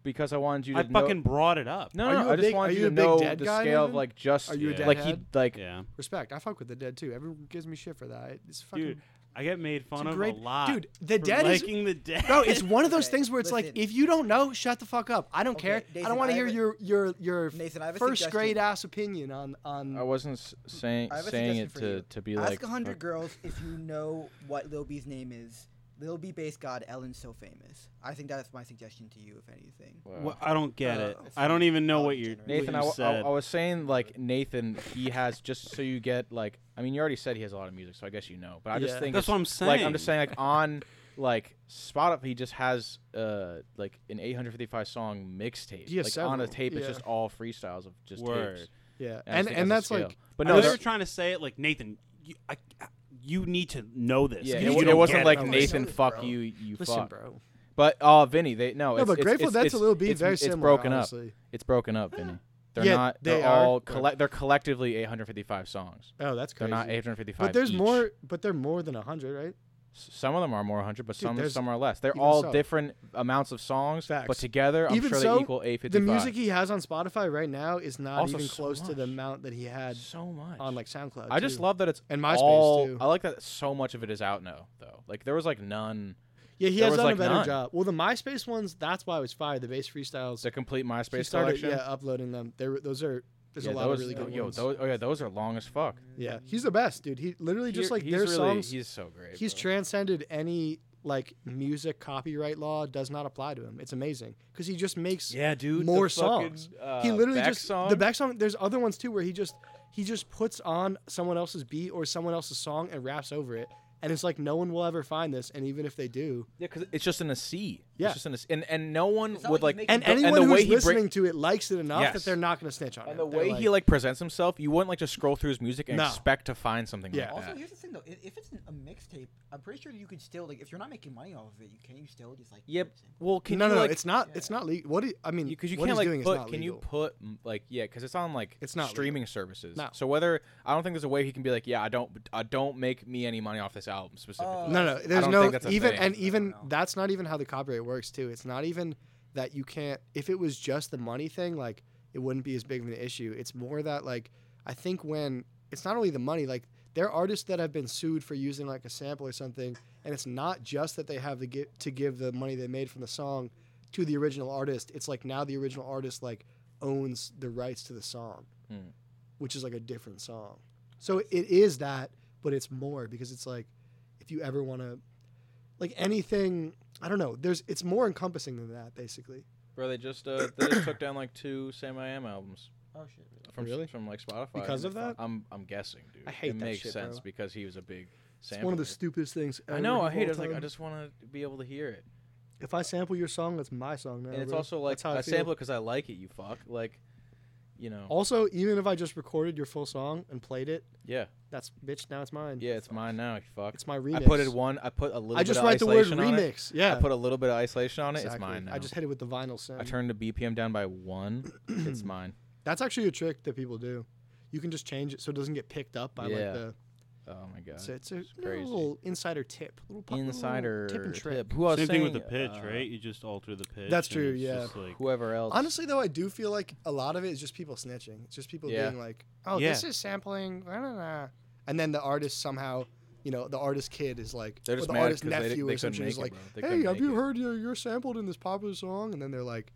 [SPEAKER 4] because I wanted you to
[SPEAKER 3] I
[SPEAKER 4] know-
[SPEAKER 3] fucking brought it up.
[SPEAKER 4] No,
[SPEAKER 2] Are
[SPEAKER 4] no,
[SPEAKER 2] you
[SPEAKER 4] no,
[SPEAKER 2] a
[SPEAKER 4] I just
[SPEAKER 2] big- are
[SPEAKER 4] wanted
[SPEAKER 2] you
[SPEAKER 4] you
[SPEAKER 2] a
[SPEAKER 4] to
[SPEAKER 2] big
[SPEAKER 4] know
[SPEAKER 2] dead
[SPEAKER 4] the
[SPEAKER 2] guy,
[SPEAKER 4] scale of
[SPEAKER 2] Nathan?
[SPEAKER 4] like just
[SPEAKER 2] Are you a
[SPEAKER 3] Yeah.
[SPEAKER 4] like he
[SPEAKER 2] deadhead?
[SPEAKER 4] like
[SPEAKER 3] Yeah,
[SPEAKER 2] respect? I fuck with the dead too. Everyone gives me shit for that. It's fucking
[SPEAKER 3] dude, I get made fun
[SPEAKER 2] a
[SPEAKER 3] of
[SPEAKER 2] great-
[SPEAKER 3] a lot.
[SPEAKER 2] dude, the
[SPEAKER 3] for
[SPEAKER 2] dead is-
[SPEAKER 3] liking the dead.
[SPEAKER 2] Bro, it's one of those
[SPEAKER 1] Okay,
[SPEAKER 2] things where it's like,
[SPEAKER 1] listen.
[SPEAKER 2] if you don't know, shut the fuck up. I don't
[SPEAKER 1] Okay,
[SPEAKER 2] care. I
[SPEAKER 1] Nathan,
[SPEAKER 2] don't want
[SPEAKER 1] I
[SPEAKER 2] to hear
[SPEAKER 1] have a-
[SPEAKER 2] your your your
[SPEAKER 1] Nathan, I have a
[SPEAKER 2] first
[SPEAKER 1] suggestion.
[SPEAKER 2] grade ass opinion on on.
[SPEAKER 4] I wasn't s- saying
[SPEAKER 1] I have a
[SPEAKER 4] saying
[SPEAKER 1] suggestion
[SPEAKER 4] it
[SPEAKER 1] for
[SPEAKER 4] to
[SPEAKER 1] you.
[SPEAKER 4] to be
[SPEAKER 1] Ask
[SPEAKER 4] like uh,
[SPEAKER 1] a hundred
[SPEAKER 4] fuck-
[SPEAKER 1] girls if you know what Lil B's name is. Lil B base god Ellen's so famous. I think that's my suggestion to you, if anything.
[SPEAKER 4] Wow.
[SPEAKER 3] Wha- I don't get it.
[SPEAKER 1] Uh, it's
[SPEAKER 3] I don't even know what you're.
[SPEAKER 1] generation.
[SPEAKER 4] Nathan, I,
[SPEAKER 3] what you
[SPEAKER 4] w- I w-
[SPEAKER 3] said.
[SPEAKER 4] I was saying like Nathan, he has just so you get like I mean you already said he has a lot of music, so I guess you know. But I just
[SPEAKER 2] Yeah.
[SPEAKER 4] think
[SPEAKER 3] That's
[SPEAKER 4] it's-
[SPEAKER 3] what I'm
[SPEAKER 4] Like I'm just
[SPEAKER 3] saying.
[SPEAKER 4] saying like on like Spotify, he just has uh like an 855 song mixtape.
[SPEAKER 2] He has
[SPEAKER 4] like on a
[SPEAKER 2] several,
[SPEAKER 4] tape, it's
[SPEAKER 2] yeah.
[SPEAKER 4] just all freestyles of just
[SPEAKER 3] Word.
[SPEAKER 4] tapes.
[SPEAKER 2] yeah,
[SPEAKER 4] I just
[SPEAKER 2] and
[SPEAKER 4] think
[SPEAKER 2] and
[SPEAKER 4] a
[SPEAKER 2] that's
[SPEAKER 4] scale.
[SPEAKER 2] like
[SPEAKER 3] but
[SPEAKER 4] but
[SPEAKER 3] no,
[SPEAKER 4] no,
[SPEAKER 3] they were
[SPEAKER 4] that-
[SPEAKER 3] trying to say it like Nathan. You, I, I- you need to know this.
[SPEAKER 4] yeah,
[SPEAKER 3] You
[SPEAKER 4] it,
[SPEAKER 3] don't
[SPEAKER 4] w-
[SPEAKER 3] get
[SPEAKER 4] it wasn't like
[SPEAKER 3] No,
[SPEAKER 2] listen,
[SPEAKER 4] Nathan,
[SPEAKER 2] listen,
[SPEAKER 4] fuck
[SPEAKER 2] bro.
[SPEAKER 4] you, you
[SPEAKER 2] listen,
[SPEAKER 4] fuck.
[SPEAKER 2] bro.
[SPEAKER 4] But oh, Vinny, they no,
[SPEAKER 2] No,
[SPEAKER 4] it's,
[SPEAKER 2] but
[SPEAKER 4] it's,
[SPEAKER 2] Grateful
[SPEAKER 4] it's,
[SPEAKER 2] Dead to
[SPEAKER 4] it's,
[SPEAKER 2] Lil B is
[SPEAKER 4] it's,
[SPEAKER 2] very
[SPEAKER 4] it's
[SPEAKER 2] similar,
[SPEAKER 4] broken
[SPEAKER 2] honestly.
[SPEAKER 4] up. It's broken up, Vinny. They're
[SPEAKER 2] Yeah,
[SPEAKER 4] not.
[SPEAKER 2] they
[SPEAKER 4] They're
[SPEAKER 2] are,
[SPEAKER 4] all
[SPEAKER 2] but-
[SPEAKER 4] collect. They're collectively 855 songs.
[SPEAKER 2] Oh, that's
[SPEAKER 4] They're
[SPEAKER 2] crazy.
[SPEAKER 4] not 855.
[SPEAKER 2] but there's
[SPEAKER 4] each.
[SPEAKER 2] more. But they're more than hundred, right?
[SPEAKER 4] S- Some of them are more 100, but
[SPEAKER 2] Dude,
[SPEAKER 4] some
[SPEAKER 2] there's-
[SPEAKER 4] some are less. They're
[SPEAKER 2] even
[SPEAKER 4] all
[SPEAKER 2] so.
[SPEAKER 4] different amounts of songs, but
[SPEAKER 2] Facts.
[SPEAKER 4] together, I'm
[SPEAKER 2] even
[SPEAKER 4] sure
[SPEAKER 2] so,
[SPEAKER 4] they equal 855.
[SPEAKER 2] The music he has on Spotify right now is not
[SPEAKER 4] Also
[SPEAKER 2] even
[SPEAKER 4] so
[SPEAKER 2] close to the
[SPEAKER 4] much.
[SPEAKER 2] amount that he had
[SPEAKER 4] so much
[SPEAKER 2] on like SoundCloud.
[SPEAKER 4] I just
[SPEAKER 2] too.
[SPEAKER 4] love that it's
[SPEAKER 2] And MySpace,
[SPEAKER 4] all.
[SPEAKER 2] too.
[SPEAKER 4] I like that so much of it is out now, though. Like there was like none.
[SPEAKER 2] Yeah, he
[SPEAKER 4] there
[SPEAKER 2] has
[SPEAKER 4] was,
[SPEAKER 2] done
[SPEAKER 4] like,
[SPEAKER 2] a better
[SPEAKER 4] none.
[SPEAKER 2] job. Well, the MySpace ones, that's why I was fired. The bass freestyles.
[SPEAKER 4] The complete
[SPEAKER 2] he
[SPEAKER 4] MySpace
[SPEAKER 2] started
[SPEAKER 4] collection.
[SPEAKER 2] yeah uploading them. There, those are. There's a
[SPEAKER 4] Yeah,
[SPEAKER 2] lot
[SPEAKER 4] those,
[SPEAKER 2] of really good
[SPEAKER 4] yo,
[SPEAKER 2] ones.
[SPEAKER 4] Those, oh yeah, those are long as fuck.
[SPEAKER 2] Yeah, he's the best, dude. He literally just
[SPEAKER 4] Here-
[SPEAKER 2] like
[SPEAKER 4] he's
[SPEAKER 2] their
[SPEAKER 4] really,
[SPEAKER 2] songs. He's,
[SPEAKER 4] He's so great. bro.
[SPEAKER 2] transcended any like music copyright law does not apply to him. It's amazing because he just makes
[SPEAKER 3] Yeah, dude.
[SPEAKER 2] more
[SPEAKER 3] the fucking,
[SPEAKER 2] songs.
[SPEAKER 3] uh,
[SPEAKER 2] he literally
[SPEAKER 4] Beck
[SPEAKER 2] just the
[SPEAKER 4] song?
[SPEAKER 2] back song. There's other ones too where he just he just puts on someone else's beat or someone else's song and raps over it, and it's like no one will ever find this, and even if they do,
[SPEAKER 4] Yeah, because it's just in a C.
[SPEAKER 2] Yeah.
[SPEAKER 4] It's just in a C. And, and no one
[SPEAKER 1] not
[SPEAKER 4] would
[SPEAKER 1] like
[SPEAKER 4] like.
[SPEAKER 1] he's
[SPEAKER 2] and
[SPEAKER 4] the-
[SPEAKER 2] anyone
[SPEAKER 4] the
[SPEAKER 2] who's
[SPEAKER 4] way he break-
[SPEAKER 2] listening to it likes it enough
[SPEAKER 4] Yes.
[SPEAKER 2] that they're not gonna snitch on
[SPEAKER 4] and
[SPEAKER 2] it.
[SPEAKER 4] the
[SPEAKER 2] They're
[SPEAKER 4] way he like presents himself, you wouldn't like just scroll through his music and
[SPEAKER 2] No.
[SPEAKER 4] expect to find something
[SPEAKER 2] Yeah.
[SPEAKER 4] like
[SPEAKER 1] Also,
[SPEAKER 4] that.
[SPEAKER 1] here's the thing though: i- if it's an- a mixtape, I'm pretty sure you can still like if you're not making money off of it, you can you still just like.
[SPEAKER 4] Yep.
[SPEAKER 1] purchase it?
[SPEAKER 4] Well, can
[SPEAKER 2] no,
[SPEAKER 4] you
[SPEAKER 2] no, no,
[SPEAKER 4] like
[SPEAKER 2] it's not. It's not legal. What? Do you, I mean,
[SPEAKER 4] because you
[SPEAKER 2] what he's
[SPEAKER 4] can't like
[SPEAKER 2] doing is
[SPEAKER 4] put
[SPEAKER 2] not
[SPEAKER 4] can you
[SPEAKER 2] legal.
[SPEAKER 4] put mm, like yeah because it's on like
[SPEAKER 2] It's not legal.
[SPEAKER 4] streaming services
[SPEAKER 2] No.
[SPEAKER 4] so whether i don't think there's a way he can be like yeah i don't i don't make me any money off this album specifically
[SPEAKER 1] Oh.
[SPEAKER 2] No, no.
[SPEAKER 1] I
[SPEAKER 2] There's
[SPEAKER 4] don't
[SPEAKER 2] no
[SPEAKER 4] think that's a
[SPEAKER 2] even,
[SPEAKER 4] thing.
[SPEAKER 2] and
[SPEAKER 1] I
[SPEAKER 2] even
[SPEAKER 1] don't know.
[SPEAKER 2] that's not even how the copyright works too. It's not even that you can't. If it was just the money thing, like it wouldn't be as big of an issue. It's more that like I think when it's not only the money, like there are artists that have been sued for using like a sample or something, and it's not just that they have to get to give the money they made from the song to the original artist. It's like now the original artist like owns the rights to the song,
[SPEAKER 4] Hmm.
[SPEAKER 2] which is like a different song. So it is that, but it's more because it's like if you ever want to like anything i don't know there's it's more encompassing than that basically
[SPEAKER 4] bro they just uh they just took down like two sam i am albums
[SPEAKER 1] Oh shit. really?
[SPEAKER 4] from
[SPEAKER 2] Really?
[SPEAKER 4] from like spotify
[SPEAKER 2] Because of that?
[SPEAKER 4] i'm i'm guessing dude
[SPEAKER 2] I hate
[SPEAKER 4] it
[SPEAKER 2] that
[SPEAKER 4] makes
[SPEAKER 2] shit,
[SPEAKER 4] sense
[SPEAKER 2] bro.
[SPEAKER 4] because he was a big
[SPEAKER 2] it's one of the
[SPEAKER 4] sampler.
[SPEAKER 2] stupidest things ever
[SPEAKER 4] I know,
[SPEAKER 2] of
[SPEAKER 4] I hate it.
[SPEAKER 2] all
[SPEAKER 4] I was like, I
[SPEAKER 2] time.
[SPEAKER 4] just want to be able to hear it.
[SPEAKER 2] if i sample your song that's my song now
[SPEAKER 4] and it's
[SPEAKER 2] bro.
[SPEAKER 4] also like
[SPEAKER 2] That's how I
[SPEAKER 4] I
[SPEAKER 2] feel.
[SPEAKER 4] sample because I like it. You fuck, like, you know,
[SPEAKER 2] also even if i just recorded your full song and played it
[SPEAKER 4] yeah,
[SPEAKER 2] that's bitch now it's mine
[SPEAKER 4] yeah. It's mine now. You fuck.
[SPEAKER 2] it's my
[SPEAKER 4] I
[SPEAKER 2] remix
[SPEAKER 4] put it one. I put a little.
[SPEAKER 2] i just
[SPEAKER 4] bit of
[SPEAKER 2] write the word
[SPEAKER 4] isolation on it.
[SPEAKER 2] remix yeah
[SPEAKER 4] I put a little bit of isolation on it.
[SPEAKER 2] Exactly.
[SPEAKER 4] It's mine now.
[SPEAKER 2] i just hit it with the vinyl sound
[SPEAKER 4] I turned the BPM down by one. it's mine.
[SPEAKER 2] that's actually a trick that people do you can just change it so it doesn't get picked up by
[SPEAKER 4] Yeah.
[SPEAKER 2] like the
[SPEAKER 4] Oh my god.
[SPEAKER 2] it's, it's a
[SPEAKER 4] crazy.
[SPEAKER 2] little insider tip little pu- little
[SPEAKER 4] Insider
[SPEAKER 2] tip and trick
[SPEAKER 4] Who else?
[SPEAKER 3] Same thing with the
[SPEAKER 4] saying,
[SPEAKER 3] pitch,
[SPEAKER 4] uh,
[SPEAKER 3] right? You just alter the pitch.
[SPEAKER 2] That's
[SPEAKER 3] and
[SPEAKER 2] true,
[SPEAKER 3] it's
[SPEAKER 2] yeah.
[SPEAKER 3] just like-
[SPEAKER 4] Whoever else.
[SPEAKER 2] Honestly, though, I do feel like a lot of it is just people snitching. It's just people
[SPEAKER 4] Yeah.
[SPEAKER 2] being like, "Oh,
[SPEAKER 3] Yeah.
[SPEAKER 2] this is sampling," blah, blah, blah." and then the artist somehow, you know, the artist kid is like,
[SPEAKER 4] They're
[SPEAKER 2] or
[SPEAKER 4] just
[SPEAKER 2] the
[SPEAKER 4] mad
[SPEAKER 2] artist
[SPEAKER 4] 'cause they-
[SPEAKER 2] nephew
[SPEAKER 4] they
[SPEAKER 2] or something
[SPEAKER 4] couldn't
[SPEAKER 2] is like,
[SPEAKER 4] make it, bro. They
[SPEAKER 2] "Hey,
[SPEAKER 4] couldn't
[SPEAKER 2] have
[SPEAKER 4] make
[SPEAKER 2] you
[SPEAKER 4] it."
[SPEAKER 2] heard you're, you're sampled in this popular song?" And then they're like,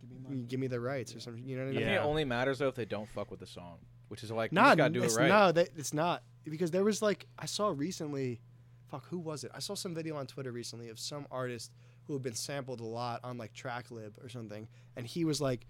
[SPEAKER 1] Give me
[SPEAKER 2] "You
[SPEAKER 1] money.
[SPEAKER 2] "Give me the rights" or something. You know what I
[SPEAKER 4] I
[SPEAKER 2] mean?
[SPEAKER 4] think it
[SPEAKER 3] Yeah.
[SPEAKER 4] only matters though if they don't fuck with the song, which is like you
[SPEAKER 2] Not,
[SPEAKER 4] just gotta do it
[SPEAKER 2] it's
[SPEAKER 4] right.
[SPEAKER 2] no, that, it's not because there was like I saw recently, fuck, who was it? I saw some video on Twitter recently of some artist who had been sampled a lot on like TrackLib or something, and he was like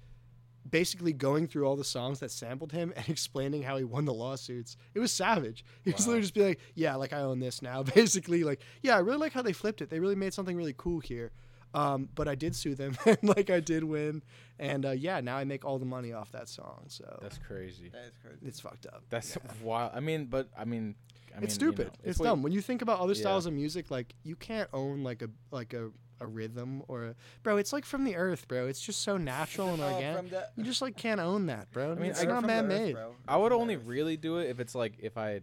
[SPEAKER 2] basically going through all the songs that sampled him and explaining how he won the lawsuits. It was savage. He was
[SPEAKER 4] Wow.
[SPEAKER 2] literally just be like, "Yeah, like I own this now." Basically, like, "Yeah, I really like how they flipped it. They really made something really cool here." Um, but I did sue them, and like I did win, and uh, yeah, now I make all the money off that song. So
[SPEAKER 4] That's crazy.
[SPEAKER 1] That is crazy.
[SPEAKER 2] it's fucked up.
[SPEAKER 4] That's wild. I mean, but I mean, I mean,
[SPEAKER 2] it's
[SPEAKER 4] you know,
[SPEAKER 2] stupid. it's
[SPEAKER 4] what-
[SPEAKER 2] dumb. When you think about other
[SPEAKER 4] Yeah.
[SPEAKER 2] styles of music, like you can't own like a like a, a rhythm or a bro. It's like from the earth, bro. It's just so natural and
[SPEAKER 1] Oh,
[SPEAKER 2] organic.
[SPEAKER 1] from the-
[SPEAKER 2] you just like can't own that, bro. I mean,
[SPEAKER 4] mean,
[SPEAKER 2] it's
[SPEAKER 4] I-
[SPEAKER 2] not
[SPEAKER 1] from the earth,
[SPEAKER 2] man made.
[SPEAKER 1] bro.
[SPEAKER 4] I would
[SPEAKER 1] From the
[SPEAKER 4] only
[SPEAKER 1] earth.
[SPEAKER 4] really do it if it's like if I,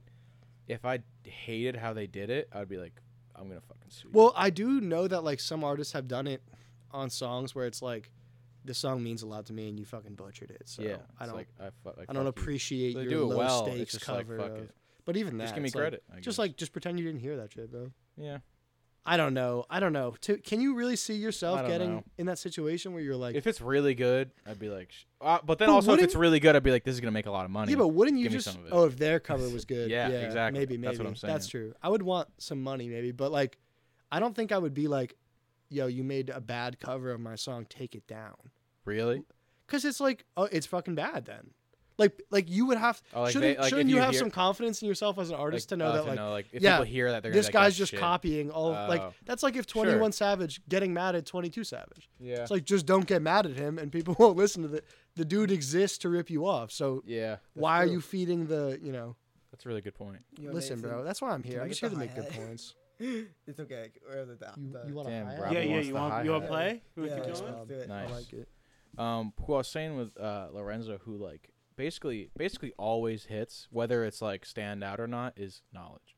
[SPEAKER 4] if I hated how they did it, I'd be like, I'm gonna fucking sue you.
[SPEAKER 2] Well, I do know that like some artists have done it on songs where it's like the song means a lot to me and you fucking butchered it. So
[SPEAKER 4] yeah,
[SPEAKER 2] I
[SPEAKER 4] it's
[SPEAKER 2] don't
[SPEAKER 4] like, I, fuck, like,
[SPEAKER 2] I don't
[SPEAKER 4] fuck you.
[SPEAKER 2] appreciate
[SPEAKER 4] So they
[SPEAKER 2] your
[SPEAKER 4] do it
[SPEAKER 2] low
[SPEAKER 4] well, it's
[SPEAKER 2] stakes
[SPEAKER 4] just like,
[SPEAKER 2] cover.
[SPEAKER 4] fuck
[SPEAKER 2] of-
[SPEAKER 4] it.
[SPEAKER 2] but even that,
[SPEAKER 4] Just give me
[SPEAKER 2] it's like-
[SPEAKER 4] credit, I guess.
[SPEAKER 2] just like just pretend you didn't hear that shit, bro.
[SPEAKER 4] Yeah.
[SPEAKER 2] I don't know. I don't know. To, can you really see
[SPEAKER 4] I
[SPEAKER 2] yourself
[SPEAKER 4] don't
[SPEAKER 2] getting
[SPEAKER 4] know.
[SPEAKER 2] in that situation where you're like,
[SPEAKER 4] If it's really good, I'd be like, sh- uh, but then
[SPEAKER 2] But
[SPEAKER 4] also if
[SPEAKER 2] wouldn't-
[SPEAKER 4] it's really good, I'd be like, this is gonna make a lot of money.
[SPEAKER 2] yeah, but wouldn't you
[SPEAKER 4] give me
[SPEAKER 2] just?
[SPEAKER 4] some of it.
[SPEAKER 2] Oh, if their cover was good,
[SPEAKER 4] Yeah, exactly.
[SPEAKER 2] Maybe, maybe
[SPEAKER 4] That's what I'm saying.
[SPEAKER 2] That's true. I would want some money, maybe, but like, I don't think I would be like, yo, you made a bad cover of my song, take it down,
[SPEAKER 4] really?
[SPEAKER 2] because it's like, oh, it's fucking bad then. Like, like you would have
[SPEAKER 4] Oh, like
[SPEAKER 2] shouldn't
[SPEAKER 4] they- like, if
[SPEAKER 2] shouldn't you,
[SPEAKER 4] you
[SPEAKER 2] have
[SPEAKER 4] hear-
[SPEAKER 2] some confidence in yourself as an artist to know
[SPEAKER 4] uh,
[SPEAKER 2] that like
[SPEAKER 4] if
[SPEAKER 2] yeah,
[SPEAKER 4] people hear that, they're gonna
[SPEAKER 2] this
[SPEAKER 4] be like,
[SPEAKER 2] guy's
[SPEAKER 4] "That's
[SPEAKER 2] just
[SPEAKER 4] shit."
[SPEAKER 2] copying all of like
[SPEAKER 4] Oh.
[SPEAKER 2] that's like if
[SPEAKER 4] Sure.
[SPEAKER 2] 21 Savage getting mad at 22 Savage.
[SPEAKER 4] Yeah.
[SPEAKER 2] It's like just don't get mad at him and people won't listen to the the dude exists to rip you off. So
[SPEAKER 4] yeah. that's
[SPEAKER 2] why are
[SPEAKER 4] true.
[SPEAKER 2] you feeding the, you know,
[SPEAKER 4] That's a really good point.
[SPEAKER 1] You're
[SPEAKER 2] listen
[SPEAKER 1] amazing.
[SPEAKER 2] bro, that's why I'm here.
[SPEAKER 1] I
[SPEAKER 2] I'm
[SPEAKER 1] get
[SPEAKER 2] just here
[SPEAKER 1] the
[SPEAKER 2] to make good
[SPEAKER 1] hi-hat?
[SPEAKER 2] points.
[SPEAKER 1] It's okay. Where's the top?
[SPEAKER 2] You,
[SPEAKER 1] the,
[SPEAKER 2] you want
[SPEAKER 4] Damn,
[SPEAKER 2] to
[SPEAKER 4] Rob.
[SPEAKER 3] yeah,
[SPEAKER 4] Robbie
[SPEAKER 3] yeah.
[SPEAKER 4] wants
[SPEAKER 3] You
[SPEAKER 4] the
[SPEAKER 3] want you want to
[SPEAKER 4] hi-hat.
[SPEAKER 3] play? Who
[SPEAKER 1] yeah,
[SPEAKER 3] can
[SPEAKER 1] let's
[SPEAKER 3] go in?
[SPEAKER 1] do it.
[SPEAKER 2] I
[SPEAKER 4] Nice.
[SPEAKER 2] like it.
[SPEAKER 4] Um, who I was saying with uh, Lorenzo, who like basically basically always hits, whether it's like stand out or not, is knowledge.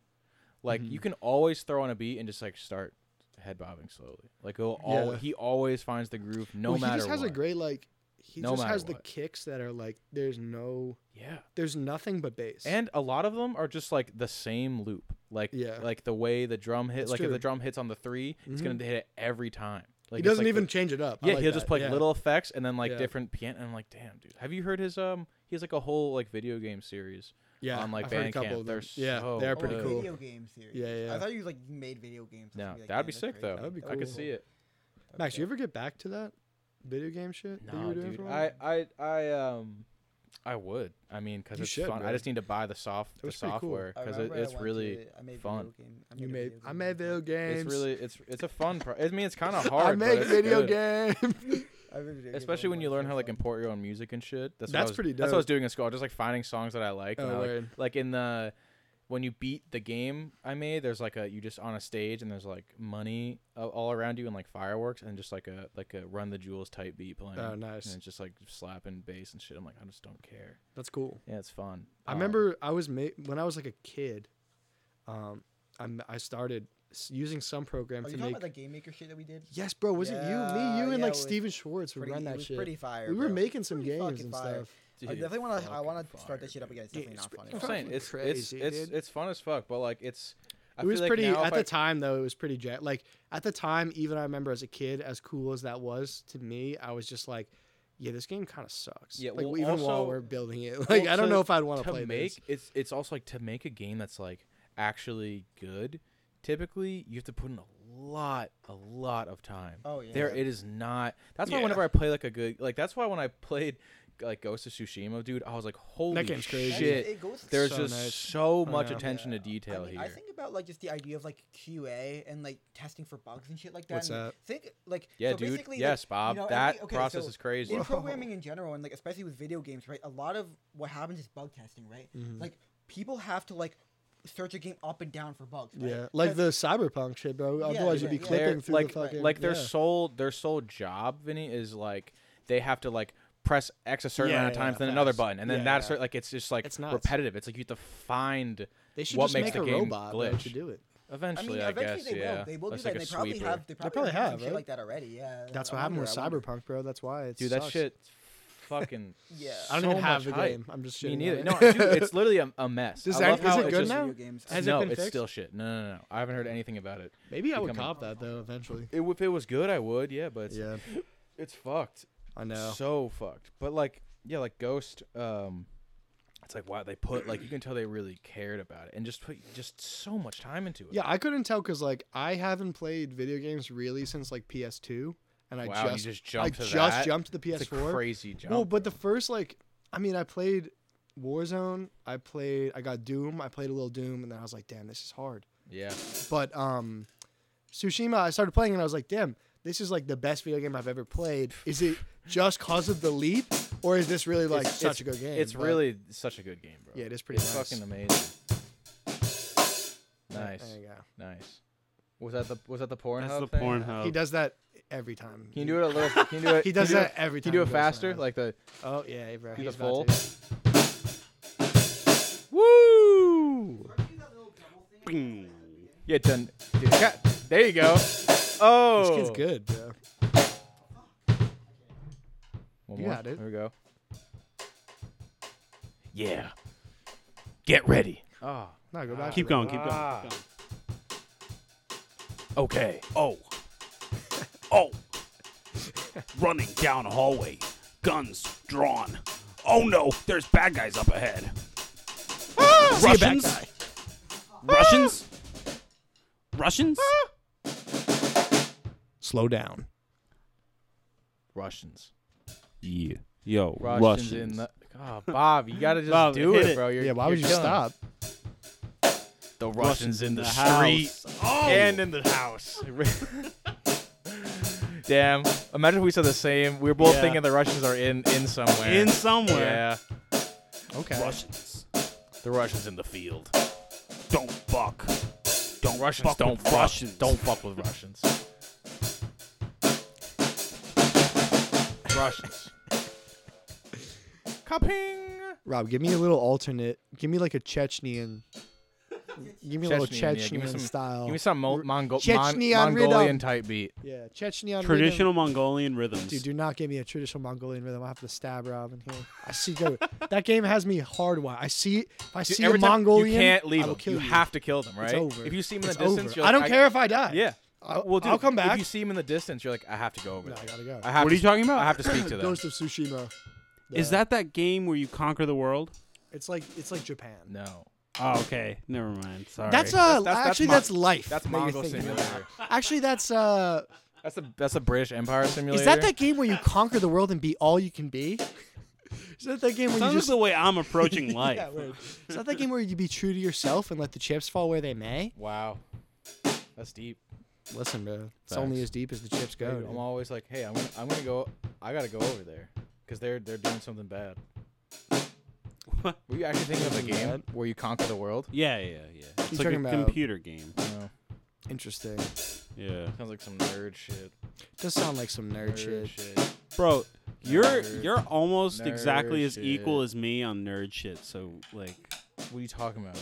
[SPEAKER 4] Like
[SPEAKER 2] Mm-hmm.
[SPEAKER 4] you can always throw on a beat and just like start head bobbing slowly. Like he'll al-
[SPEAKER 2] Yeah.
[SPEAKER 4] he always finds the groove no
[SPEAKER 2] well,
[SPEAKER 4] matter
[SPEAKER 2] he just has
[SPEAKER 4] what.
[SPEAKER 2] a great like he
[SPEAKER 4] No
[SPEAKER 2] just
[SPEAKER 4] matter
[SPEAKER 2] has the
[SPEAKER 4] what.
[SPEAKER 2] kicks that are like there's no
[SPEAKER 4] yeah.
[SPEAKER 2] there's nothing but bass.
[SPEAKER 4] And a lot of them are just like the same loop. Like
[SPEAKER 2] Yeah.
[SPEAKER 4] like the way the drum hit
[SPEAKER 2] That's
[SPEAKER 4] like if
[SPEAKER 2] true.
[SPEAKER 4] the drum hits on the 3 it's
[SPEAKER 2] Mhm.
[SPEAKER 4] gonna hit it every time.
[SPEAKER 2] he
[SPEAKER 4] Like it's,
[SPEAKER 2] doesn't
[SPEAKER 4] like, the-
[SPEAKER 2] even change it up. I
[SPEAKER 4] Yeah,
[SPEAKER 2] like
[SPEAKER 4] he'll just
[SPEAKER 2] that.
[SPEAKER 4] play
[SPEAKER 2] Yeah.
[SPEAKER 4] little effects and then like
[SPEAKER 2] Yeah.
[SPEAKER 4] different piano. And I'm like, damn, dude, have you heard his um? He has like a whole like video game series.
[SPEAKER 2] yeah,
[SPEAKER 4] on, like,
[SPEAKER 2] I've heard a couple
[SPEAKER 4] Bandcamp.
[SPEAKER 2] of them.
[SPEAKER 4] They're
[SPEAKER 2] Yeah,
[SPEAKER 4] so
[SPEAKER 2] they're
[SPEAKER 4] Oh,
[SPEAKER 2] pretty
[SPEAKER 4] yeah.
[SPEAKER 2] cool.
[SPEAKER 1] Video game series.
[SPEAKER 2] Yeah, yeah.
[SPEAKER 1] I thought you like you made video games.
[SPEAKER 4] No,
[SPEAKER 1] I'd be like,
[SPEAKER 4] that'd
[SPEAKER 1] "Damn,
[SPEAKER 4] be
[SPEAKER 1] that's
[SPEAKER 4] sick
[SPEAKER 1] crazy."
[SPEAKER 4] though.
[SPEAKER 2] That'd be
[SPEAKER 4] I could
[SPEAKER 2] cool.
[SPEAKER 4] see it.
[SPEAKER 2] Max, you ever get back to that video game shit that you
[SPEAKER 4] No,
[SPEAKER 2] were doing
[SPEAKER 4] dude,
[SPEAKER 2] for a while?
[SPEAKER 4] I I I um, I would. I mean, because
[SPEAKER 2] You
[SPEAKER 4] it's
[SPEAKER 2] should,
[SPEAKER 4] fun.
[SPEAKER 2] bro.
[SPEAKER 4] I just need to buy the soft the
[SPEAKER 2] was pretty cool.
[SPEAKER 4] software
[SPEAKER 1] I
[SPEAKER 4] because it,
[SPEAKER 1] remember I
[SPEAKER 4] it's
[SPEAKER 1] went to-
[SPEAKER 4] really
[SPEAKER 1] I made
[SPEAKER 4] fun.
[SPEAKER 1] Video game. I
[SPEAKER 2] you
[SPEAKER 1] a
[SPEAKER 2] made
[SPEAKER 1] video
[SPEAKER 2] I
[SPEAKER 1] game
[SPEAKER 2] made
[SPEAKER 1] one
[SPEAKER 2] video
[SPEAKER 1] time.
[SPEAKER 2] games.
[SPEAKER 4] it's really it's it's a fun. Pro- I mean, it's kind of
[SPEAKER 2] I
[SPEAKER 4] hard. but
[SPEAKER 2] make
[SPEAKER 4] it's
[SPEAKER 2] video
[SPEAKER 4] good.
[SPEAKER 2] games.
[SPEAKER 1] I made video games
[SPEAKER 4] Especially
[SPEAKER 1] one
[SPEAKER 4] when you
[SPEAKER 1] time.
[SPEAKER 4] learn
[SPEAKER 1] It's
[SPEAKER 4] how like
[SPEAKER 1] fun.
[SPEAKER 4] import your own music and shit. That's, what I
[SPEAKER 2] That's
[SPEAKER 4] was-
[SPEAKER 2] pretty
[SPEAKER 4] That's what I was
[SPEAKER 2] dope.
[SPEAKER 4] doing in school. I was just like finding songs that I liked. and
[SPEAKER 2] Oh,
[SPEAKER 4] I, like,
[SPEAKER 2] word.
[SPEAKER 4] like in the when you beat the game I made, there's like a you just on a stage and there's like money a- all around you and like fireworks and just like a like a Run the Jewels type beat playing.
[SPEAKER 2] Oh, nice.
[SPEAKER 4] And it's just like slapping bass and shit. I'm like, I just don't care.
[SPEAKER 2] That's cool.
[SPEAKER 4] Yeah, it's fun.
[SPEAKER 2] I
[SPEAKER 4] Um,
[SPEAKER 2] remember I was ma- when I was like a kid. Um, I'm, I started s- using some program
[SPEAKER 1] Are you
[SPEAKER 2] to
[SPEAKER 1] talking
[SPEAKER 2] make.
[SPEAKER 1] about the game maker shit that we did?
[SPEAKER 2] yes, bro. Was it you,
[SPEAKER 1] Yeah,
[SPEAKER 2] me, you, and
[SPEAKER 1] yeah,
[SPEAKER 2] like
[SPEAKER 1] it was
[SPEAKER 2] Steven Schwartz would
[SPEAKER 1] Pretty,
[SPEAKER 2] run
[SPEAKER 1] it
[SPEAKER 2] that
[SPEAKER 1] was
[SPEAKER 2] shit.
[SPEAKER 1] pretty fire.
[SPEAKER 2] we were
[SPEAKER 1] bro.
[SPEAKER 2] making some
[SPEAKER 1] Pretty
[SPEAKER 2] games
[SPEAKER 1] fucking
[SPEAKER 2] and
[SPEAKER 1] fire.
[SPEAKER 2] stuff.
[SPEAKER 4] dude,
[SPEAKER 1] I definitely want to. I
[SPEAKER 4] fucking
[SPEAKER 1] want to start
[SPEAKER 4] fire,
[SPEAKER 1] that shit up
[SPEAKER 4] dude.
[SPEAKER 1] again. It's
[SPEAKER 2] Dude,
[SPEAKER 1] definitely
[SPEAKER 2] it's
[SPEAKER 1] not funny.
[SPEAKER 2] pretty
[SPEAKER 4] I'm
[SPEAKER 1] though.
[SPEAKER 4] saying
[SPEAKER 2] fucking
[SPEAKER 4] it's
[SPEAKER 2] crazy,
[SPEAKER 4] it's it's
[SPEAKER 2] dude.
[SPEAKER 4] it's fun as fuck, but like it's. I
[SPEAKER 2] it was
[SPEAKER 4] feel like
[SPEAKER 2] pretty
[SPEAKER 4] now
[SPEAKER 2] at
[SPEAKER 4] if
[SPEAKER 2] the
[SPEAKER 4] I-
[SPEAKER 2] time though. It was pretty ja Like at the time, even I remember as a kid, as cool as that was to me, I was just like, "Yeah, this game kind of sucks."
[SPEAKER 4] Yeah,
[SPEAKER 2] like
[SPEAKER 4] well,
[SPEAKER 2] even while
[SPEAKER 4] also-
[SPEAKER 2] we're building it, like
[SPEAKER 4] Well,
[SPEAKER 2] I don't
[SPEAKER 4] to-
[SPEAKER 2] know if I'd want to play
[SPEAKER 4] make
[SPEAKER 2] this.
[SPEAKER 4] it's it's also like to make a game that's like actually good. Typically, you have to put in a lot, a lot of time.
[SPEAKER 1] Oh, yeah.
[SPEAKER 4] there it is not. That's why
[SPEAKER 2] Yeah.
[SPEAKER 4] whenever I play like a good, like that's why when I played like Ghost of Tsushima, dude, I was like, holy
[SPEAKER 2] game's crazy.
[SPEAKER 1] That
[SPEAKER 4] shit!
[SPEAKER 1] shit- it goes
[SPEAKER 4] There's
[SPEAKER 2] So
[SPEAKER 4] just
[SPEAKER 2] nice.
[SPEAKER 4] so much
[SPEAKER 2] know.
[SPEAKER 4] attention to
[SPEAKER 1] I,
[SPEAKER 4] detail
[SPEAKER 1] mean,
[SPEAKER 4] here.
[SPEAKER 1] I think about like just the idea of like QA and like testing for bugs and shit like that.
[SPEAKER 2] What's
[SPEAKER 1] and
[SPEAKER 2] that?
[SPEAKER 1] Think like
[SPEAKER 4] yeah,
[SPEAKER 1] so
[SPEAKER 4] dude.
[SPEAKER 1] basically,
[SPEAKER 4] Yes,
[SPEAKER 1] like,
[SPEAKER 4] Bob.
[SPEAKER 1] you know,
[SPEAKER 4] that
[SPEAKER 1] everything- okay,
[SPEAKER 4] process
[SPEAKER 1] so
[SPEAKER 4] is crazy.
[SPEAKER 1] In programming in general, and like especially with video games, right? A lot of what happens is bug testing, right?
[SPEAKER 2] Mm-hmm.
[SPEAKER 1] Like people have to like search a game up and down for bugs. Right?
[SPEAKER 2] Yeah,
[SPEAKER 1] 'Cause-
[SPEAKER 2] like the cyberpunk shit, bro.
[SPEAKER 1] Yeah,
[SPEAKER 2] Otherwise,
[SPEAKER 1] yeah,
[SPEAKER 2] you'd be
[SPEAKER 1] yeah.
[SPEAKER 2] clipping
[SPEAKER 4] They're-
[SPEAKER 2] through
[SPEAKER 4] like
[SPEAKER 2] the fucking.
[SPEAKER 4] like their
[SPEAKER 2] yeah.
[SPEAKER 4] sole their sole job, Vinny, is like they have to like press X a certain
[SPEAKER 2] Yeah,
[SPEAKER 4] amount of
[SPEAKER 2] yeah,
[SPEAKER 4] times, then
[SPEAKER 2] facts.
[SPEAKER 4] another button, and then
[SPEAKER 2] Yeah,
[SPEAKER 4] that
[SPEAKER 2] yeah.
[SPEAKER 4] cer- like it's just like
[SPEAKER 2] It's nuts.
[SPEAKER 4] repetitive. It's like you have to find
[SPEAKER 2] They should
[SPEAKER 4] what
[SPEAKER 2] just
[SPEAKER 4] makes
[SPEAKER 2] make
[SPEAKER 4] the
[SPEAKER 2] a
[SPEAKER 4] game
[SPEAKER 2] robot bro,
[SPEAKER 4] glitch.
[SPEAKER 2] to do it.
[SPEAKER 1] I mean,
[SPEAKER 4] Eventually, I,
[SPEAKER 1] eventually
[SPEAKER 4] guess
[SPEAKER 1] they
[SPEAKER 4] yeah.
[SPEAKER 1] will. They will do
[SPEAKER 4] That's
[SPEAKER 1] that.
[SPEAKER 4] like
[SPEAKER 1] and
[SPEAKER 4] a
[SPEAKER 1] they probably
[SPEAKER 4] sweeper.
[SPEAKER 1] have. They probably,
[SPEAKER 2] probably
[SPEAKER 1] have done
[SPEAKER 2] have,
[SPEAKER 1] shit
[SPEAKER 2] right?
[SPEAKER 1] like that already. Yeah.
[SPEAKER 2] That's
[SPEAKER 1] I
[SPEAKER 2] what happened
[SPEAKER 1] wonder,
[SPEAKER 2] with
[SPEAKER 1] I wonder.
[SPEAKER 2] cyberpunk, bro. That's why it's
[SPEAKER 4] Dude, that shit, fucking.
[SPEAKER 1] Yeah.
[SPEAKER 2] I don't
[SPEAKER 4] so
[SPEAKER 2] even have
[SPEAKER 4] much
[SPEAKER 2] the
[SPEAKER 4] hype.
[SPEAKER 2] game. I'm just shitting
[SPEAKER 4] Me
[SPEAKER 2] on
[SPEAKER 4] neither.
[SPEAKER 2] it.
[SPEAKER 4] No, dude, it's literally a, a mess.
[SPEAKER 2] Does
[SPEAKER 4] I
[SPEAKER 2] that- is
[SPEAKER 4] love how
[SPEAKER 2] it good
[SPEAKER 4] just-
[SPEAKER 2] now?
[SPEAKER 1] Video games.
[SPEAKER 2] Has it
[SPEAKER 4] no,
[SPEAKER 2] been
[SPEAKER 4] it's
[SPEAKER 2] fixed?
[SPEAKER 4] still shit. No, no, no, no. I haven't heard anything about it.
[SPEAKER 2] Maybe I would
[SPEAKER 4] becoming-
[SPEAKER 2] cop that though eventually.
[SPEAKER 4] It- If it was good, I would. Yeah, but it's,
[SPEAKER 2] Yeah,
[SPEAKER 4] it's fucked.
[SPEAKER 2] I know.
[SPEAKER 4] so fucked. But like, yeah, like Ghost. Um, it's like wow, they put like you can tell they really cared about it and just put just so much time into it.
[SPEAKER 2] Yeah, I couldn't tell because like I haven't played video games really since like PS2, and I
[SPEAKER 4] Wow, you
[SPEAKER 2] just,
[SPEAKER 4] just jumped
[SPEAKER 2] I
[SPEAKER 4] to
[SPEAKER 2] just
[SPEAKER 4] that?
[SPEAKER 2] jumped to the PS4.
[SPEAKER 4] it's a crazy jump.
[SPEAKER 2] well, but
[SPEAKER 4] bro.
[SPEAKER 2] the first like, I mean, I played Warzone. I played. I got Doom. I played a little Doom, and then I was like, damn, this is hard.
[SPEAKER 4] yeah,
[SPEAKER 2] But um, Tsushima, I started playing, and I was like, damn, this is like the best video game I've ever played. Is it just cause of the leap, or is this really like
[SPEAKER 4] It's-
[SPEAKER 2] such
[SPEAKER 4] it's-
[SPEAKER 2] a good game?
[SPEAKER 4] It's
[SPEAKER 2] But-
[SPEAKER 4] really such a good game, bro.
[SPEAKER 2] yeah, it is pretty
[SPEAKER 4] it's
[SPEAKER 2] nice.
[SPEAKER 4] fucking amazing. Nice,
[SPEAKER 2] There you go.
[SPEAKER 4] nice. Was that the was that the Pornhub?
[SPEAKER 16] That's the
[SPEAKER 4] thing?
[SPEAKER 16] Pornhub.
[SPEAKER 2] He does that every time.
[SPEAKER 4] Oh. Can you do it a little? Can you do it?
[SPEAKER 2] He does
[SPEAKER 4] can you do
[SPEAKER 2] that
[SPEAKER 4] it-
[SPEAKER 2] every
[SPEAKER 4] Can
[SPEAKER 2] time
[SPEAKER 4] you do
[SPEAKER 2] he
[SPEAKER 4] it
[SPEAKER 2] goes
[SPEAKER 4] faster?
[SPEAKER 2] around.
[SPEAKER 4] Like the
[SPEAKER 2] Oh yeah, bro.
[SPEAKER 4] do the
[SPEAKER 2] he's about
[SPEAKER 4] full.
[SPEAKER 2] to.
[SPEAKER 4] Woo!
[SPEAKER 16] Bing.
[SPEAKER 4] Yeah, done. dude, God, there you go. Oh,
[SPEAKER 2] This kid's good, bro.
[SPEAKER 4] One
[SPEAKER 2] You
[SPEAKER 4] more.
[SPEAKER 2] got it.
[SPEAKER 4] There we go.
[SPEAKER 10] Yeah. Get ready.
[SPEAKER 4] Oh,
[SPEAKER 2] No, go back.
[SPEAKER 3] Keep
[SPEAKER 2] to
[SPEAKER 3] going, keep going.
[SPEAKER 4] Ah.
[SPEAKER 3] Keep going.
[SPEAKER 10] Okay. Oh. Oh. Running down a hallway. Guns drawn. Oh no, there's bad guys up ahead. Russians? Russians? Russians?
[SPEAKER 2] that. Slow down.
[SPEAKER 4] Russians.
[SPEAKER 3] Yeah. Yo,
[SPEAKER 4] Russians, in the. Oh, Bob, you gotta just
[SPEAKER 3] Bob,
[SPEAKER 4] do
[SPEAKER 3] hit
[SPEAKER 4] it,
[SPEAKER 3] it.
[SPEAKER 4] bro. You're,
[SPEAKER 2] yeah, why would you
[SPEAKER 4] you're killing
[SPEAKER 2] stop?
[SPEAKER 4] it. The Russians in the street
[SPEAKER 3] house. Oh.
[SPEAKER 4] and in the house. Damn. Imagine if we said the same. We were both
[SPEAKER 3] Yeah.
[SPEAKER 4] thinking the Russians are in in somewhere.
[SPEAKER 3] in somewhere.
[SPEAKER 4] Yeah.
[SPEAKER 2] Okay.
[SPEAKER 10] Russians.
[SPEAKER 4] The Russians in the field.
[SPEAKER 10] Don't fuck. Don't
[SPEAKER 4] Russians
[SPEAKER 10] fuck
[SPEAKER 4] don't
[SPEAKER 10] with
[SPEAKER 4] fuck.
[SPEAKER 10] Russians.
[SPEAKER 4] Don't fuck with Russians. Russians. Cupping.
[SPEAKER 2] Rob, give me a little alternate. Give me like a Chechenian. Give me a little
[SPEAKER 4] Chechenian, yeah, give me
[SPEAKER 2] Chechenian
[SPEAKER 4] some-
[SPEAKER 2] style.
[SPEAKER 4] Give me some Mo- Mongol- Mon-
[SPEAKER 2] Chechenian rhythm.
[SPEAKER 4] Mongolian type beat.
[SPEAKER 2] yeah, Chechenian rhythm.
[SPEAKER 3] Traditional Mongolian rhythms.
[SPEAKER 2] Dude, do not give me a traditional Mongolian rhythm. I have to stab Rob in here. I see go. that game has me hard one. I see if I
[SPEAKER 4] Dude,
[SPEAKER 2] see a
[SPEAKER 4] every time-
[SPEAKER 2] Mongolian,
[SPEAKER 4] you can't leave
[SPEAKER 2] I will
[SPEAKER 4] them.
[SPEAKER 2] kill
[SPEAKER 4] you have to kill them, right?
[SPEAKER 2] over.
[SPEAKER 4] If you see them in
[SPEAKER 2] It's
[SPEAKER 4] the distance,
[SPEAKER 2] over.
[SPEAKER 4] you're like,
[SPEAKER 2] I don't care if I die.
[SPEAKER 4] Yeah.
[SPEAKER 2] I'll,
[SPEAKER 4] Well, dude,
[SPEAKER 2] I'll come
[SPEAKER 4] If
[SPEAKER 2] back.
[SPEAKER 4] you see them in the distance, you're like, I have to go over
[SPEAKER 2] No,
[SPEAKER 4] there.
[SPEAKER 2] I gotta go.
[SPEAKER 4] I have
[SPEAKER 3] What
[SPEAKER 4] to
[SPEAKER 3] are you talking about?
[SPEAKER 4] I have to speak to them.
[SPEAKER 2] Ghost of Tsushima. uh,
[SPEAKER 3] Is that that game where you conquer the world?
[SPEAKER 2] It's like it's like Japan.
[SPEAKER 4] No.
[SPEAKER 3] Oh, okay. Never mind. Sorry.
[SPEAKER 2] That's uh
[SPEAKER 4] that's- that's
[SPEAKER 2] actually
[SPEAKER 4] Mon-
[SPEAKER 2] that's, life.
[SPEAKER 4] That's
[SPEAKER 2] that you're
[SPEAKER 4] Mongol
[SPEAKER 2] thinking of.
[SPEAKER 4] Simulator.
[SPEAKER 2] Actually, that's uh.
[SPEAKER 4] That's a that's a British Empire simulator.
[SPEAKER 2] Is that that game where you conquer the world and be all you can be? Is that that game where
[SPEAKER 3] Sounds
[SPEAKER 2] you just
[SPEAKER 3] like the way I'm approaching life.
[SPEAKER 2] Yeah, word. Is that that game where you be true to yourself and let the chips fall where they may?
[SPEAKER 4] Wow. That's deep.
[SPEAKER 2] Listen, bro, it's
[SPEAKER 4] Facts.
[SPEAKER 2] only as deep as the chips go.
[SPEAKER 4] Dude, I'm always like, hey, I'm gonna, I'm gonna go. I gotta go over there because they're they're doing something bad.
[SPEAKER 3] What?
[SPEAKER 4] Were you actually thinking of a game where you conquer the world?
[SPEAKER 3] Yeah, yeah, yeah. It's like a
[SPEAKER 2] talking about-
[SPEAKER 3] computer game.
[SPEAKER 4] No.
[SPEAKER 2] dude. Interesting.
[SPEAKER 3] Yeah.
[SPEAKER 4] Sounds like some nerd shit.
[SPEAKER 2] Does sound like some nerd,
[SPEAKER 4] Nerd
[SPEAKER 2] shit.
[SPEAKER 4] shit.
[SPEAKER 3] Bro, you're
[SPEAKER 4] Nerd.
[SPEAKER 3] you're almost
[SPEAKER 4] Nerd
[SPEAKER 3] exactly as
[SPEAKER 4] shit.
[SPEAKER 3] equal as me on nerd shit. So like,
[SPEAKER 4] What are you talking about?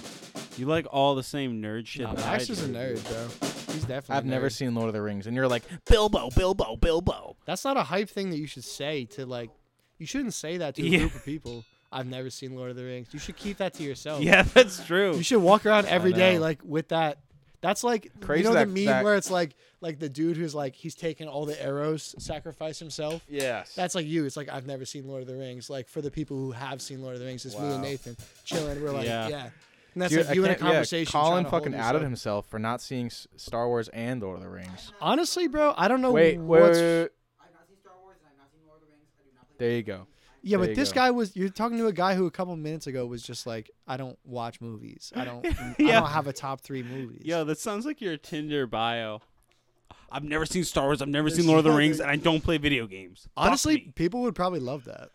[SPEAKER 3] you like all the same nerd shit.
[SPEAKER 2] Nah,
[SPEAKER 3] that I
[SPEAKER 2] Max is a
[SPEAKER 3] do.
[SPEAKER 2] nerd, bro. He's definitely.
[SPEAKER 4] I've
[SPEAKER 2] a
[SPEAKER 4] never
[SPEAKER 2] nerd.
[SPEAKER 4] seen Lord of the Rings, and you're like Bilbo, Bilbo, Bilbo.
[SPEAKER 2] That's not a hype thing that you should say to like. You shouldn't say that to a
[SPEAKER 3] Yeah.
[SPEAKER 2] group of people. I've never seen Lord of the Rings. You should keep that to yourself.
[SPEAKER 3] Yeah, that's true.
[SPEAKER 2] You should walk around every day
[SPEAKER 4] know.
[SPEAKER 2] like with that. That's like
[SPEAKER 4] Crazy
[SPEAKER 2] you know
[SPEAKER 4] that-
[SPEAKER 2] the meme
[SPEAKER 4] that-
[SPEAKER 2] where it's like like the dude who's like he's taken all the arrows, sacrificed himself.
[SPEAKER 4] Yes.
[SPEAKER 2] That's like you. It's like I've never seen Lord of the Rings. Like for the people who have seen Lord of the Rings, it's me
[SPEAKER 4] Wow.
[SPEAKER 2] and Nathan chilling. We're like,
[SPEAKER 3] Yeah.
[SPEAKER 2] yeah. And that's
[SPEAKER 4] Dude, I
[SPEAKER 2] like you in a
[SPEAKER 4] can't- yeah,
[SPEAKER 2] conversation. trying
[SPEAKER 4] Colin
[SPEAKER 2] to hold
[SPEAKER 4] fucking outed
[SPEAKER 2] yourself.
[SPEAKER 4] himself for not seeing S- Star Wars and Lord of the Rings.
[SPEAKER 2] Honestly, bro, I don't know
[SPEAKER 4] Wait,
[SPEAKER 2] what's.
[SPEAKER 4] wait.
[SPEAKER 1] I've not seen Star Wars and I've not seen Lord of the Rings. I do not play.
[SPEAKER 4] There you go.
[SPEAKER 2] yeah,
[SPEAKER 4] there
[SPEAKER 2] but
[SPEAKER 4] you
[SPEAKER 2] this
[SPEAKER 4] go.
[SPEAKER 2] guy was. You're talking to a guy who a couple minutes ago was just like, I don't watch movies. I don't. I
[SPEAKER 3] Yeah.
[SPEAKER 2] don't have a top three movies.
[SPEAKER 3] Yo, that sounds like your Tinder bio. I've never seen Star Wars. I've never
[SPEAKER 2] There's
[SPEAKER 3] seen Lord of the
[SPEAKER 2] nothing-
[SPEAKER 3] Rings, and I don't play video games. Fuck
[SPEAKER 2] Honestly,
[SPEAKER 3] me.
[SPEAKER 2] people would probably love that.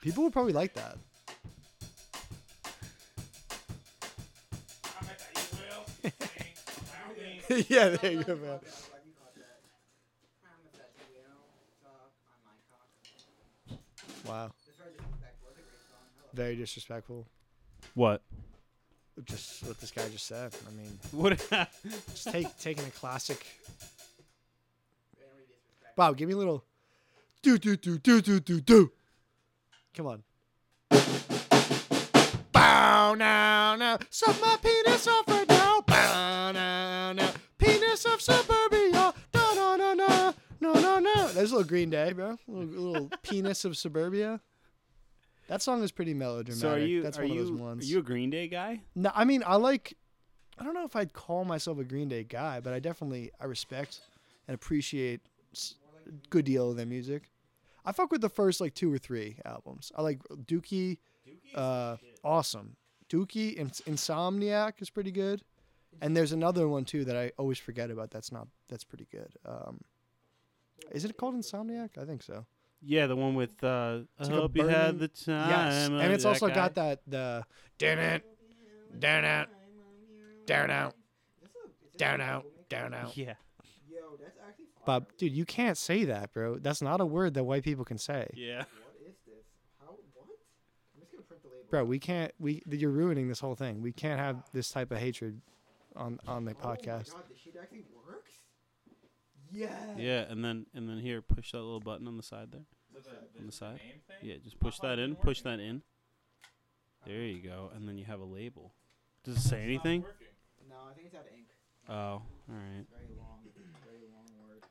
[SPEAKER 2] People would probably like that. yeah, there you go, man. Wow. Very disrespectful.
[SPEAKER 3] what?
[SPEAKER 2] Just what this guy just said. I mean,
[SPEAKER 3] What?
[SPEAKER 2] just take taking a classic. Bob, give me a little. Do do do do do do do. Come on. Bow now now, suck my penis off right now. Bow now now, penis of suburbia. No no no no no no no. There's a little Green Day, bro. A little, little penis of suburbia. That song is pretty melodramatic.
[SPEAKER 3] so are you?
[SPEAKER 2] That's
[SPEAKER 3] are
[SPEAKER 2] one
[SPEAKER 3] you?
[SPEAKER 2] of those ones.
[SPEAKER 3] Are you a Green Day guy?
[SPEAKER 2] No, I mean I like. I don't know if I'd call myself a Green Day guy, but I definitely I respect and appreciate s- a good deal of their music. I fuck with the first like two or three albums. I like Dookie, uh, awesome. Dookie Ins- Insomniac is pretty good, and there's another one too that I always forget about. That's not that's pretty good. Um, is it called Insomniac? I think so.
[SPEAKER 3] Yeah, the one with. Uh, I
[SPEAKER 2] like a
[SPEAKER 3] hope you
[SPEAKER 2] burning-
[SPEAKER 3] had the time.
[SPEAKER 2] Yes,
[SPEAKER 3] of
[SPEAKER 2] and it's
[SPEAKER 3] that
[SPEAKER 2] also
[SPEAKER 3] guy.
[SPEAKER 2] got that the down it, down out, down out, down out, down out.
[SPEAKER 3] Yeah.
[SPEAKER 1] Yo, that's actually fire.
[SPEAKER 2] Bob, dude, you can't say that, bro. That's not a word that white people can say,
[SPEAKER 3] Yeah.
[SPEAKER 1] What is this? How? What? I'm just gonna print the label.
[SPEAKER 2] bro. We can't. We you're ruining this whole thing. We can't have this type of hatred on on
[SPEAKER 3] Oh
[SPEAKER 2] the podcast.
[SPEAKER 1] Oh this shit actually works? Yeah.
[SPEAKER 3] Yeah, and then and then here, push that little button on the side there. on the side. Yeah, just push that in. Push that in. There you go, and then you have a label. Does it say anything?
[SPEAKER 1] No, I think it's out of ink.
[SPEAKER 3] Oh, all right.
[SPEAKER 1] Very long, very long word.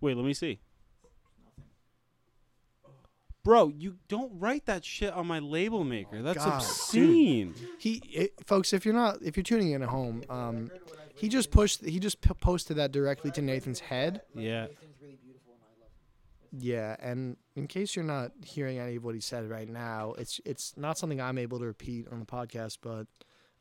[SPEAKER 3] Wait, let me see.
[SPEAKER 1] Nothing.
[SPEAKER 3] Bro, you don't write that shit on my label maker. That's
[SPEAKER 2] Oh, God,
[SPEAKER 3] obscene.
[SPEAKER 2] He, it, folks, if you're not, if you're tuning in at home, um, he just pushed, he just p- posted that directly to Nathan's head.
[SPEAKER 3] Yeah.
[SPEAKER 1] Nathan's really beautiful, and I love him.
[SPEAKER 2] Yeah, and in case you're not hearing any of what he said right now, it's it's not something I'm able to repeat on the podcast, but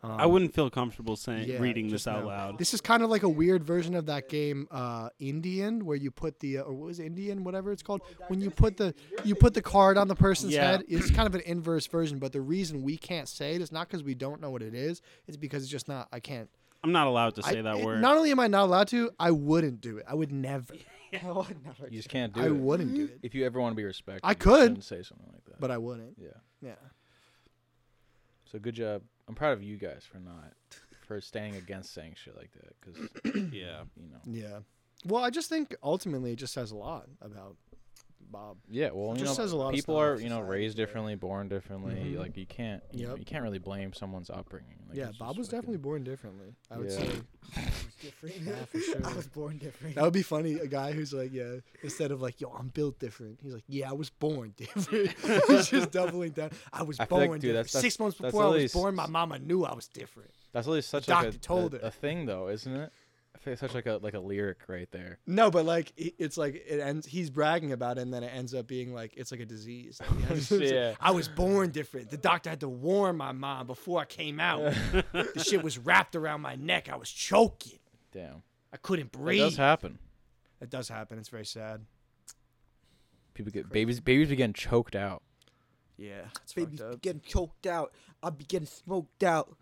[SPEAKER 2] um,
[SPEAKER 3] I wouldn't feel comfortable saying
[SPEAKER 2] yeah,
[SPEAKER 3] reading
[SPEAKER 2] just
[SPEAKER 3] this out
[SPEAKER 2] know.
[SPEAKER 3] loud.
[SPEAKER 2] This is kind of like a weird version of that game uh, Indian, where you put the uh, or what was it, Indian, whatever it's called, when you put the you put the card on the person's
[SPEAKER 3] Yeah.
[SPEAKER 2] head. It's kind of an inverse version, but the reason we can't say it is not because we don't know what it is. It's because it's just not. I can't.
[SPEAKER 3] I'm not allowed to say
[SPEAKER 2] I-
[SPEAKER 3] that
[SPEAKER 2] it-
[SPEAKER 3] word.
[SPEAKER 2] Not only am I not allowed to, I wouldn't do it. I would never.
[SPEAKER 1] I would never
[SPEAKER 4] You just can't do
[SPEAKER 2] I
[SPEAKER 4] it.
[SPEAKER 2] wouldn't do it,
[SPEAKER 4] If you ever want to be respected,
[SPEAKER 2] I
[SPEAKER 4] you
[SPEAKER 2] could.
[SPEAKER 4] shouldn't say something like that.
[SPEAKER 2] but I wouldn't.
[SPEAKER 4] yeah.
[SPEAKER 2] Yeah.
[SPEAKER 4] So good job. I'm proud of you guys for not for standing against saying shit like that because
[SPEAKER 3] yeah.
[SPEAKER 4] you know.
[SPEAKER 2] Yeah. Well, I just think ultimately it just says a lot about Bob.
[SPEAKER 4] Yeah, well,
[SPEAKER 2] It
[SPEAKER 4] you
[SPEAKER 2] just
[SPEAKER 4] know,
[SPEAKER 2] says a lot of
[SPEAKER 4] people
[SPEAKER 2] stuff
[SPEAKER 4] are
[SPEAKER 2] about
[SPEAKER 4] you know
[SPEAKER 2] society,
[SPEAKER 4] raised
[SPEAKER 2] right?
[SPEAKER 4] differently, born differently.
[SPEAKER 2] Mhm.
[SPEAKER 4] Like you can't you, know,
[SPEAKER 2] Yep.
[SPEAKER 4] you can't really blame someone's upbringing. Like,
[SPEAKER 2] yeah,
[SPEAKER 4] it's
[SPEAKER 2] Bob
[SPEAKER 4] just
[SPEAKER 2] was
[SPEAKER 4] fucking-
[SPEAKER 2] definitely born differently. I would
[SPEAKER 4] Yeah.
[SPEAKER 2] say
[SPEAKER 1] was different.
[SPEAKER 2] Yeah, for sure.
[SPEAKER 1] I was born different.
[SPEAKER 2] that would be funny. A guy who's like, yeah, instead of like, yo, I'm built different. He's like, yeah, I was born different. he's just doubling down. I was
[SPEAKER 4] I feel
[SPEAKER 2] born
[SPEAKER 4] like, dude,
[SPEAKER 2] different.
[SPEAKER 4] that's- that's-
[SPEAKER 2] Six months
[SPEAKER 4] that's
[SPEAKER 2] before I was
[SPEAKER 4] always-
[SPEAKER 2] born, my mama knew I was different.
[SPEAKER 4] That's really such
[SPEAKER 2] The
[SPEAKER 4] like a,
[SPEAKER 2] doctor told
[SPEAKER 4] a,
[SPEAKER 2] her.
[SPEAKER 4] a thing though, isn't it? I think it's such like a like a lyric right there.
[SPEAKER 2] No, but like i- it's like it ends. He's bragging about it, and then it ends up being like it's like a disease. that he has. It's like,
[SPEAKER 4] Yeah.
[SPEAKER 2] I was born different. The doctor had to warn my mom before I came out. the shit was wrapped around my neck. I was choking.
[SPEAKER 4] Damn,
[SPEAKER 2] I couldn't
[SPEAKER 4] it
[SPEAKER 2] breathe.
[SPEAKER 4] does happen.
[SPEAKER 2] It does happen. It's very sad.
[SPEAKER 4] People get babies babies be getting choked out.
[SPEAKER 2] Yeah, it's
[SPEAKER 1] Baby's
[SPEAKER 2] fucked up.
[SPEAKER 1] getting choked out. I'll be getting smoked out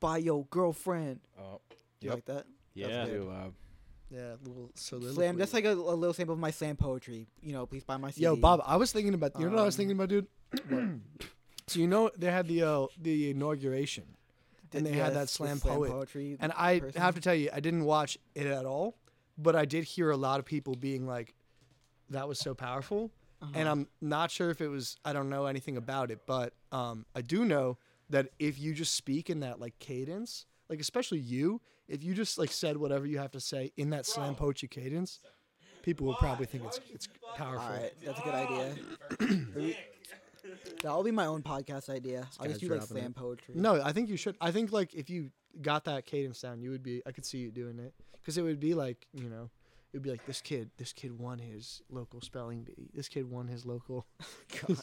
[SPEAKER 1] by your girlfriend.
[SPEAKER 4] Oh,
[SPEAKER 1] You
[SPEAKER 4] Yep.
[SPEAKER 1] like that?
[SPEAKER 3] Yeah.
[SPEAKER 1] good.
[SPEAKER 4] too loud.
[SPEAKER 2] Yeah, little soliloquy.
[SPEAKER 1] Slam. That's like a, a little sample of my slam poetry. You know, please buy my CD.
[SPEAKER 2] Yo, Bob, I was thinking about. You know what I
[SPEAKER 1] Um,
[SPEAKER 2] was thinking about, dude? so you know they had the uh, the inauguration,
[SPEAKER 1] Th-
[SPEAKER 2] and they had
[SPEAKER 1] yes,
[SPEAKER 2] that
[SPEAKER 1] the
[SPEAKER 2] slam,
[SPEAKER 1] slam
[SPEAKER 2] poet.
[SPEAKER 1] poetry
[SPEAKER 2] and I
[SPEAKER 1] person.
[SPEAKER 2] have to tell you, I didn't watch it at all, but I did hear a lot of people being like, "That was so powerful,"
[SPEAKER 1] Uh-huh.
[SPEAKER 2] and I'm not sure if it was. I don't know anything about it, but um, I do know that if you just speak in that like cadence, like especially you, if you just like said whatever you have to say in that slam poetry cadence. People would probably think it's it's powerful.
[SPEAKER 1] All right, that's a good idea. That'll be my own podcast idea. I'll
[SPEAKER 2] guy's
[SPEAKER 1] just do like
[SPEAKER 2] dropping it.
[SPEAKER 1] slam poetry.
[SPEAKER 2] No, I think you should. I think like if you got that cadence down, you would be. I could see you doing it because it would be like you know, it would be like this kid. This kid won his local spelling bee. This kid won his local.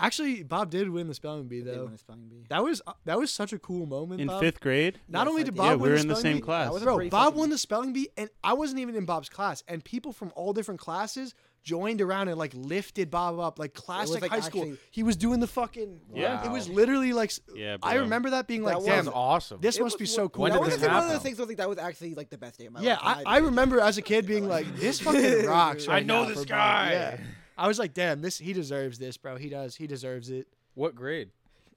[SPEAKER 2] Actually, Bob did win the spelling bee
[SPEAKER 1] I did
[SPEAKER 2] though.
[SPEAKER 1] win a spelling bee.
[SPEAKER 2] That was uh, that was such a cool moment.
[SPEAKER 3] In
[SPEAKER 2] Bob.
[SPEAKER 3] fifth grade?
[SPEAKER 2] not
[SPEAKER 1] Yes,
[SPEAKER 2] only
[SPEAKER 1] I
[SPEAKER 2] did
[SPEAKER 1] did.
[SPEAKER 2] Bob
[SPEAKER 3] yeah,
[SPEAKER 2] win
[SPEAKER 3] we were
[SPEAKER 2] the
[SPEAKER 3] in the
[SPEAKER 2] spelling
[SPEAKER 3] same
[SPEAKER 2] bee-
[SPEAKER 3] class.
[SPEAKER 1] was a
[SPEAKER 2] Bro,
[SPEAKER 1] pretty
[SPEAKER 2] Bob
[SPEAKER 1] fucking-
[SPEAKER 2] won the spelling bee, and I wasn't even in Bob's class. And people from all different classes joined around and like lifted Bob up, like classic
[SPEAKER 1] like,
[SPEAKER 2] high school.
[SPEAKER 1] actually-
[SPEAKER 2] He was doing the fucking.
[SPEAKER 3] Yeah.
[SPEAKER 2] It was
[SPEAKER 4] Wow.
[SPEAKER 2] literally like. s-
[SPEAKER 3] Yeah,
[SPEAKER 2] I
[SPEAKER 3] bro.
[SPEAKER 2] remember that being
[SPEAKER 1] That
[SPEAKER 2] like,
[SPEAKER 1] was
[SPEAKER 2] damn,
[SPEAKER 4] awesome.
[SPEAKER 2] this
[SPEAKER 1] It
[SPEAKER 2] must
[SPEAKER 1] was
[SPEAKER 2] be
[SPEAKER 1] one-
[SPEAKER 2] so cool.
[SPEAKER 4] When
[SPEAKER 1] that
[SPEAKER 4] did
[SPEAKER 1] was
[SPEAKER 4] this
[SPEAKER 1] like one of those
[SPEAKER 4] happen?
[SPEAKER 1] things. I was like, that was actually like the best day of my
[SPEAKER 2] Yeah,
[SPEAKER 1] life.
[SPEAKER 2] I,
[SPEAKER 1] and
[SPEAKER 2] I
[SPEAKER 1] did.
[SPEAKER 2] remember as a kid being like, this fucking rocks. right
[SPEAKER 17] know
[SPEAKER 2] now
[SPEAKER 17] this
[SPEAKER 2] for Bob."
[SPEAKER 17] guy.
[SPEAKER 2] Yeah. I was like, damn, this he deserves this, bro. He does. He deserves it.
[SPEAKER 4] What grade?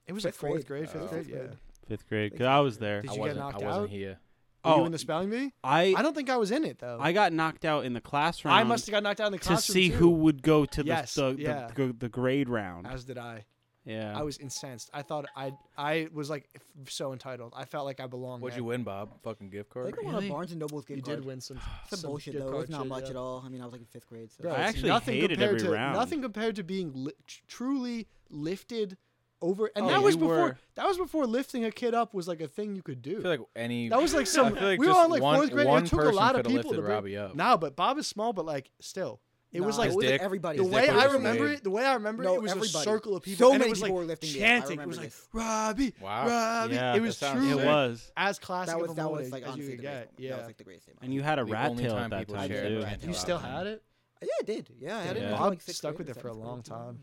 [SPEAKER 2] It was
[SPEAKER 1] Fifth
[SPEAKER 2] like fourth
[SPEAKER 1] grade.
[SPEAKER 2] grade, fifth
[SPEAKER 1] Oh.
[SPEAKER 2] grade.
[SPEAKER 1] Fifth
[SPEAKER 2] Yeah.
[SPEAKER 1] grade.
[SPEAKER 3] Fifth grade. 'cause I was there.
[SPEAKER 2] Did
[SPEAKER 4] I
[SPEAKER 2] you get
[SPEAKER 4] wasn't.
[SPEAKER 2] knocked
[SPEAKER 4] I wasn't
[SPEAKER 2] out?
[SPEAKER 4] here.
[SPEAKER 2] Were you
[SPEAKER 3] Oh,
[SPEAKER 2] in the spelling bee?
[SPEAKER 3] I
[SPEAKER 2] I don't think I was in it though.
[SPEAKER 3] I got knocked out in the class round
[SPEAKER 2] I must have got knocked out in the
[SPEAKER 3] Um, to
[SPEAKER 2] classroom
[SPEAKER 3] see
[SPEAKER 2] too.
[SPEAKER 3] who would go to the
[SPEAKER 2] Yes,
[SPEAKER 3] the, the,
[SPEAKER 2] yeah.
[SPEAKER 3] go- the grade round.
[SPEAKER 2] As did I.
[SPEAKER 3] yeah.
[SPEAKER 2] I was incensed. I thought I I was like f- so entitled. I felt like I belonged.
[SPEAKER 4] What'd
[SPEAKER 2] there.
[SPEAKER 4] you win, Bob? Fucking gift
[SPEAKER 1] I
[SPEAKER 4] card.
[SPEAKER 1] think I won a Barnes and Noble's gift
[SPEAKER 2] You
[SPEAKER 1] card.
[SPEAKER 2] did win some.
[SPEAKER 1] Some,
[SPEAKER 2] some
[SPEAKER 1] bullshit
[SPEAKER 2] gift
[SPEAKER 1] though. It was
[SPEAKER 2] card
[SPEAKER 1] not
[SPEAKER 2] shit,
[SPEAKER 1] much
[SPEAKER 2] yeah.
[SPEAKER 1] at all. I mean, I was like in fifth grade. So
[SPEAKER 2] Bro,
[SPEAKER 3] I
[SPEAKER 2] it's
[SPEAKER 3] actually
[SPEAKER 2] nothing
[SPEAKER 3] hated
[SPEAKER 2] compared
[SPEAKER 3] every
[SPEAKER 2] to,
[SPEAKER 3] round.
[SPEAKER 2] Nothing compared to being li- tr- truly lifted over, and
[SPEAKER 3] Oh,
[SPEAKER 2] that was
[SPEAKER 3] you
[SPEAKER 2] before.
[SPEAKER 3] were-
[SPEAKER 2] That was before lifting a kid up was like a thing you could do.
[SPEAKER 4] I feel like any.
[SPEAKER 2] that was like some.
[SPEAKER 4] I feel like
[SPEAKER 2] we were
[SPEAKER 4] just
[SPEAKER 2] on like
[SPEAKER 4] one-
[SPEAKER 2] fourth grade.
[SPEAKER 4] One
[SPEAKER 2] and it took a
[SPEAKER 4] person
[SPEAKER 2] lot of
[SPEAKER 4] coulda
[SPEAKER 2] people to
[SPEAKER 4] lifted
[SPEAKER 2] bring.
[SPEAKER 4] Robbie up.
[SPEAKER 2] Nah, but Bob is small, but like still, it was
[SPEAKER 1] Nah, it
[SPEAKER 2] like
[SPEAKER 4] His
[SPEAKER 1] was like
[SPEAKER 4] dick-
[SPEAKER 1] everybody.
[SPEAKER 2] the
[SPEAKER 4] his
[SPEAKER 2] way
[SPEAKER 4] dick
[SPEAKER 2] I
[SPEAKER 4] was
[SPEAKER 2] remember
[SPEAKER 4] big.
[SPEAKER 2] it. The way I remember
[SPEAKER 1] No,
[SPEAKER 2] it, it was
[SPEAKER 1] everybody.
[SPEAKER 2] a circle of people.
[SPEAKER 1] So
[SPEAKER 2] and
[SPEAKER 1] many
[SPEAKER 2] it was
[SPEAKER 1] people
[SPEAKER 2] like
[SPEAKER 1] were lifting it. I
[SPEAKER 2] chanting. It,
[SPEAKER 1] remember
[SPEAKER 2] was like
[SPEAKER 1] this.
[SPEAKER 2] Robbie,
[SPEAKER 4] Wow.
[SPEAKER 2] Robbie.
[SPEAKER 3] yeah,
[SPEAKER 2] it was
[SPEAKER 4] that sounds
[SPEAKER 2] truly
[SPEAKER 3] it
[SPEAKER 4] sick.
[SPEAKER 3] was.
[SPEAKER 2] as classic
[SPEAKER 1] That
[SPEAKER 2] of
[SPEAKER 1] was
[SPEAKER 2] a
[SPEAKER 1] that
[SPEAKER 2] moment
[SPEAKER 1] was like
[SPEAKER 2] as you
[SPEAKER 1] honestly
[SPEAKER 2] could
[SPEAKER 1] the
[SPEAKER 2] get.
[SPEAKER 1] greatest. moment.
[SPEAKER 2] Yeah,
[SPEAKER 1] That was like the greatest day. of my
[SPEAKER 3] And you
[SPEAKER 1] life.
[SPEAKER 3] had a
[SPEAKER 4] The
[SPEAKER 3] rat
[SPEAKER 4] only
[SPEAKER 3] tail
[SPEAKER 4] time
[SPEAKER 3] at that
[SPEAKER 4] people
[SPEAKER 3] time
[SPEAKER 4] shared
[SPEAKER 3] too.
[SPEAKER 4] rat
[SPEAKER 2] you still had it.
[SPEAKER 1] Yeah, I did. Yeah, I had it.
[SPEAKER 3] Yeah.
[SPEAKER 1] until,
[SPEAKER 2] Bob
[SPEAKER 1] like, sixth
[SPEAKER 2] stuck
[SPEAKER 1] grade
[SPEAKER 2] with
[SPEAKER 1] or
[SPEAKER 2] it for a
[SPEAKER 1] seventh grade.
[SPEAKER 2] long time.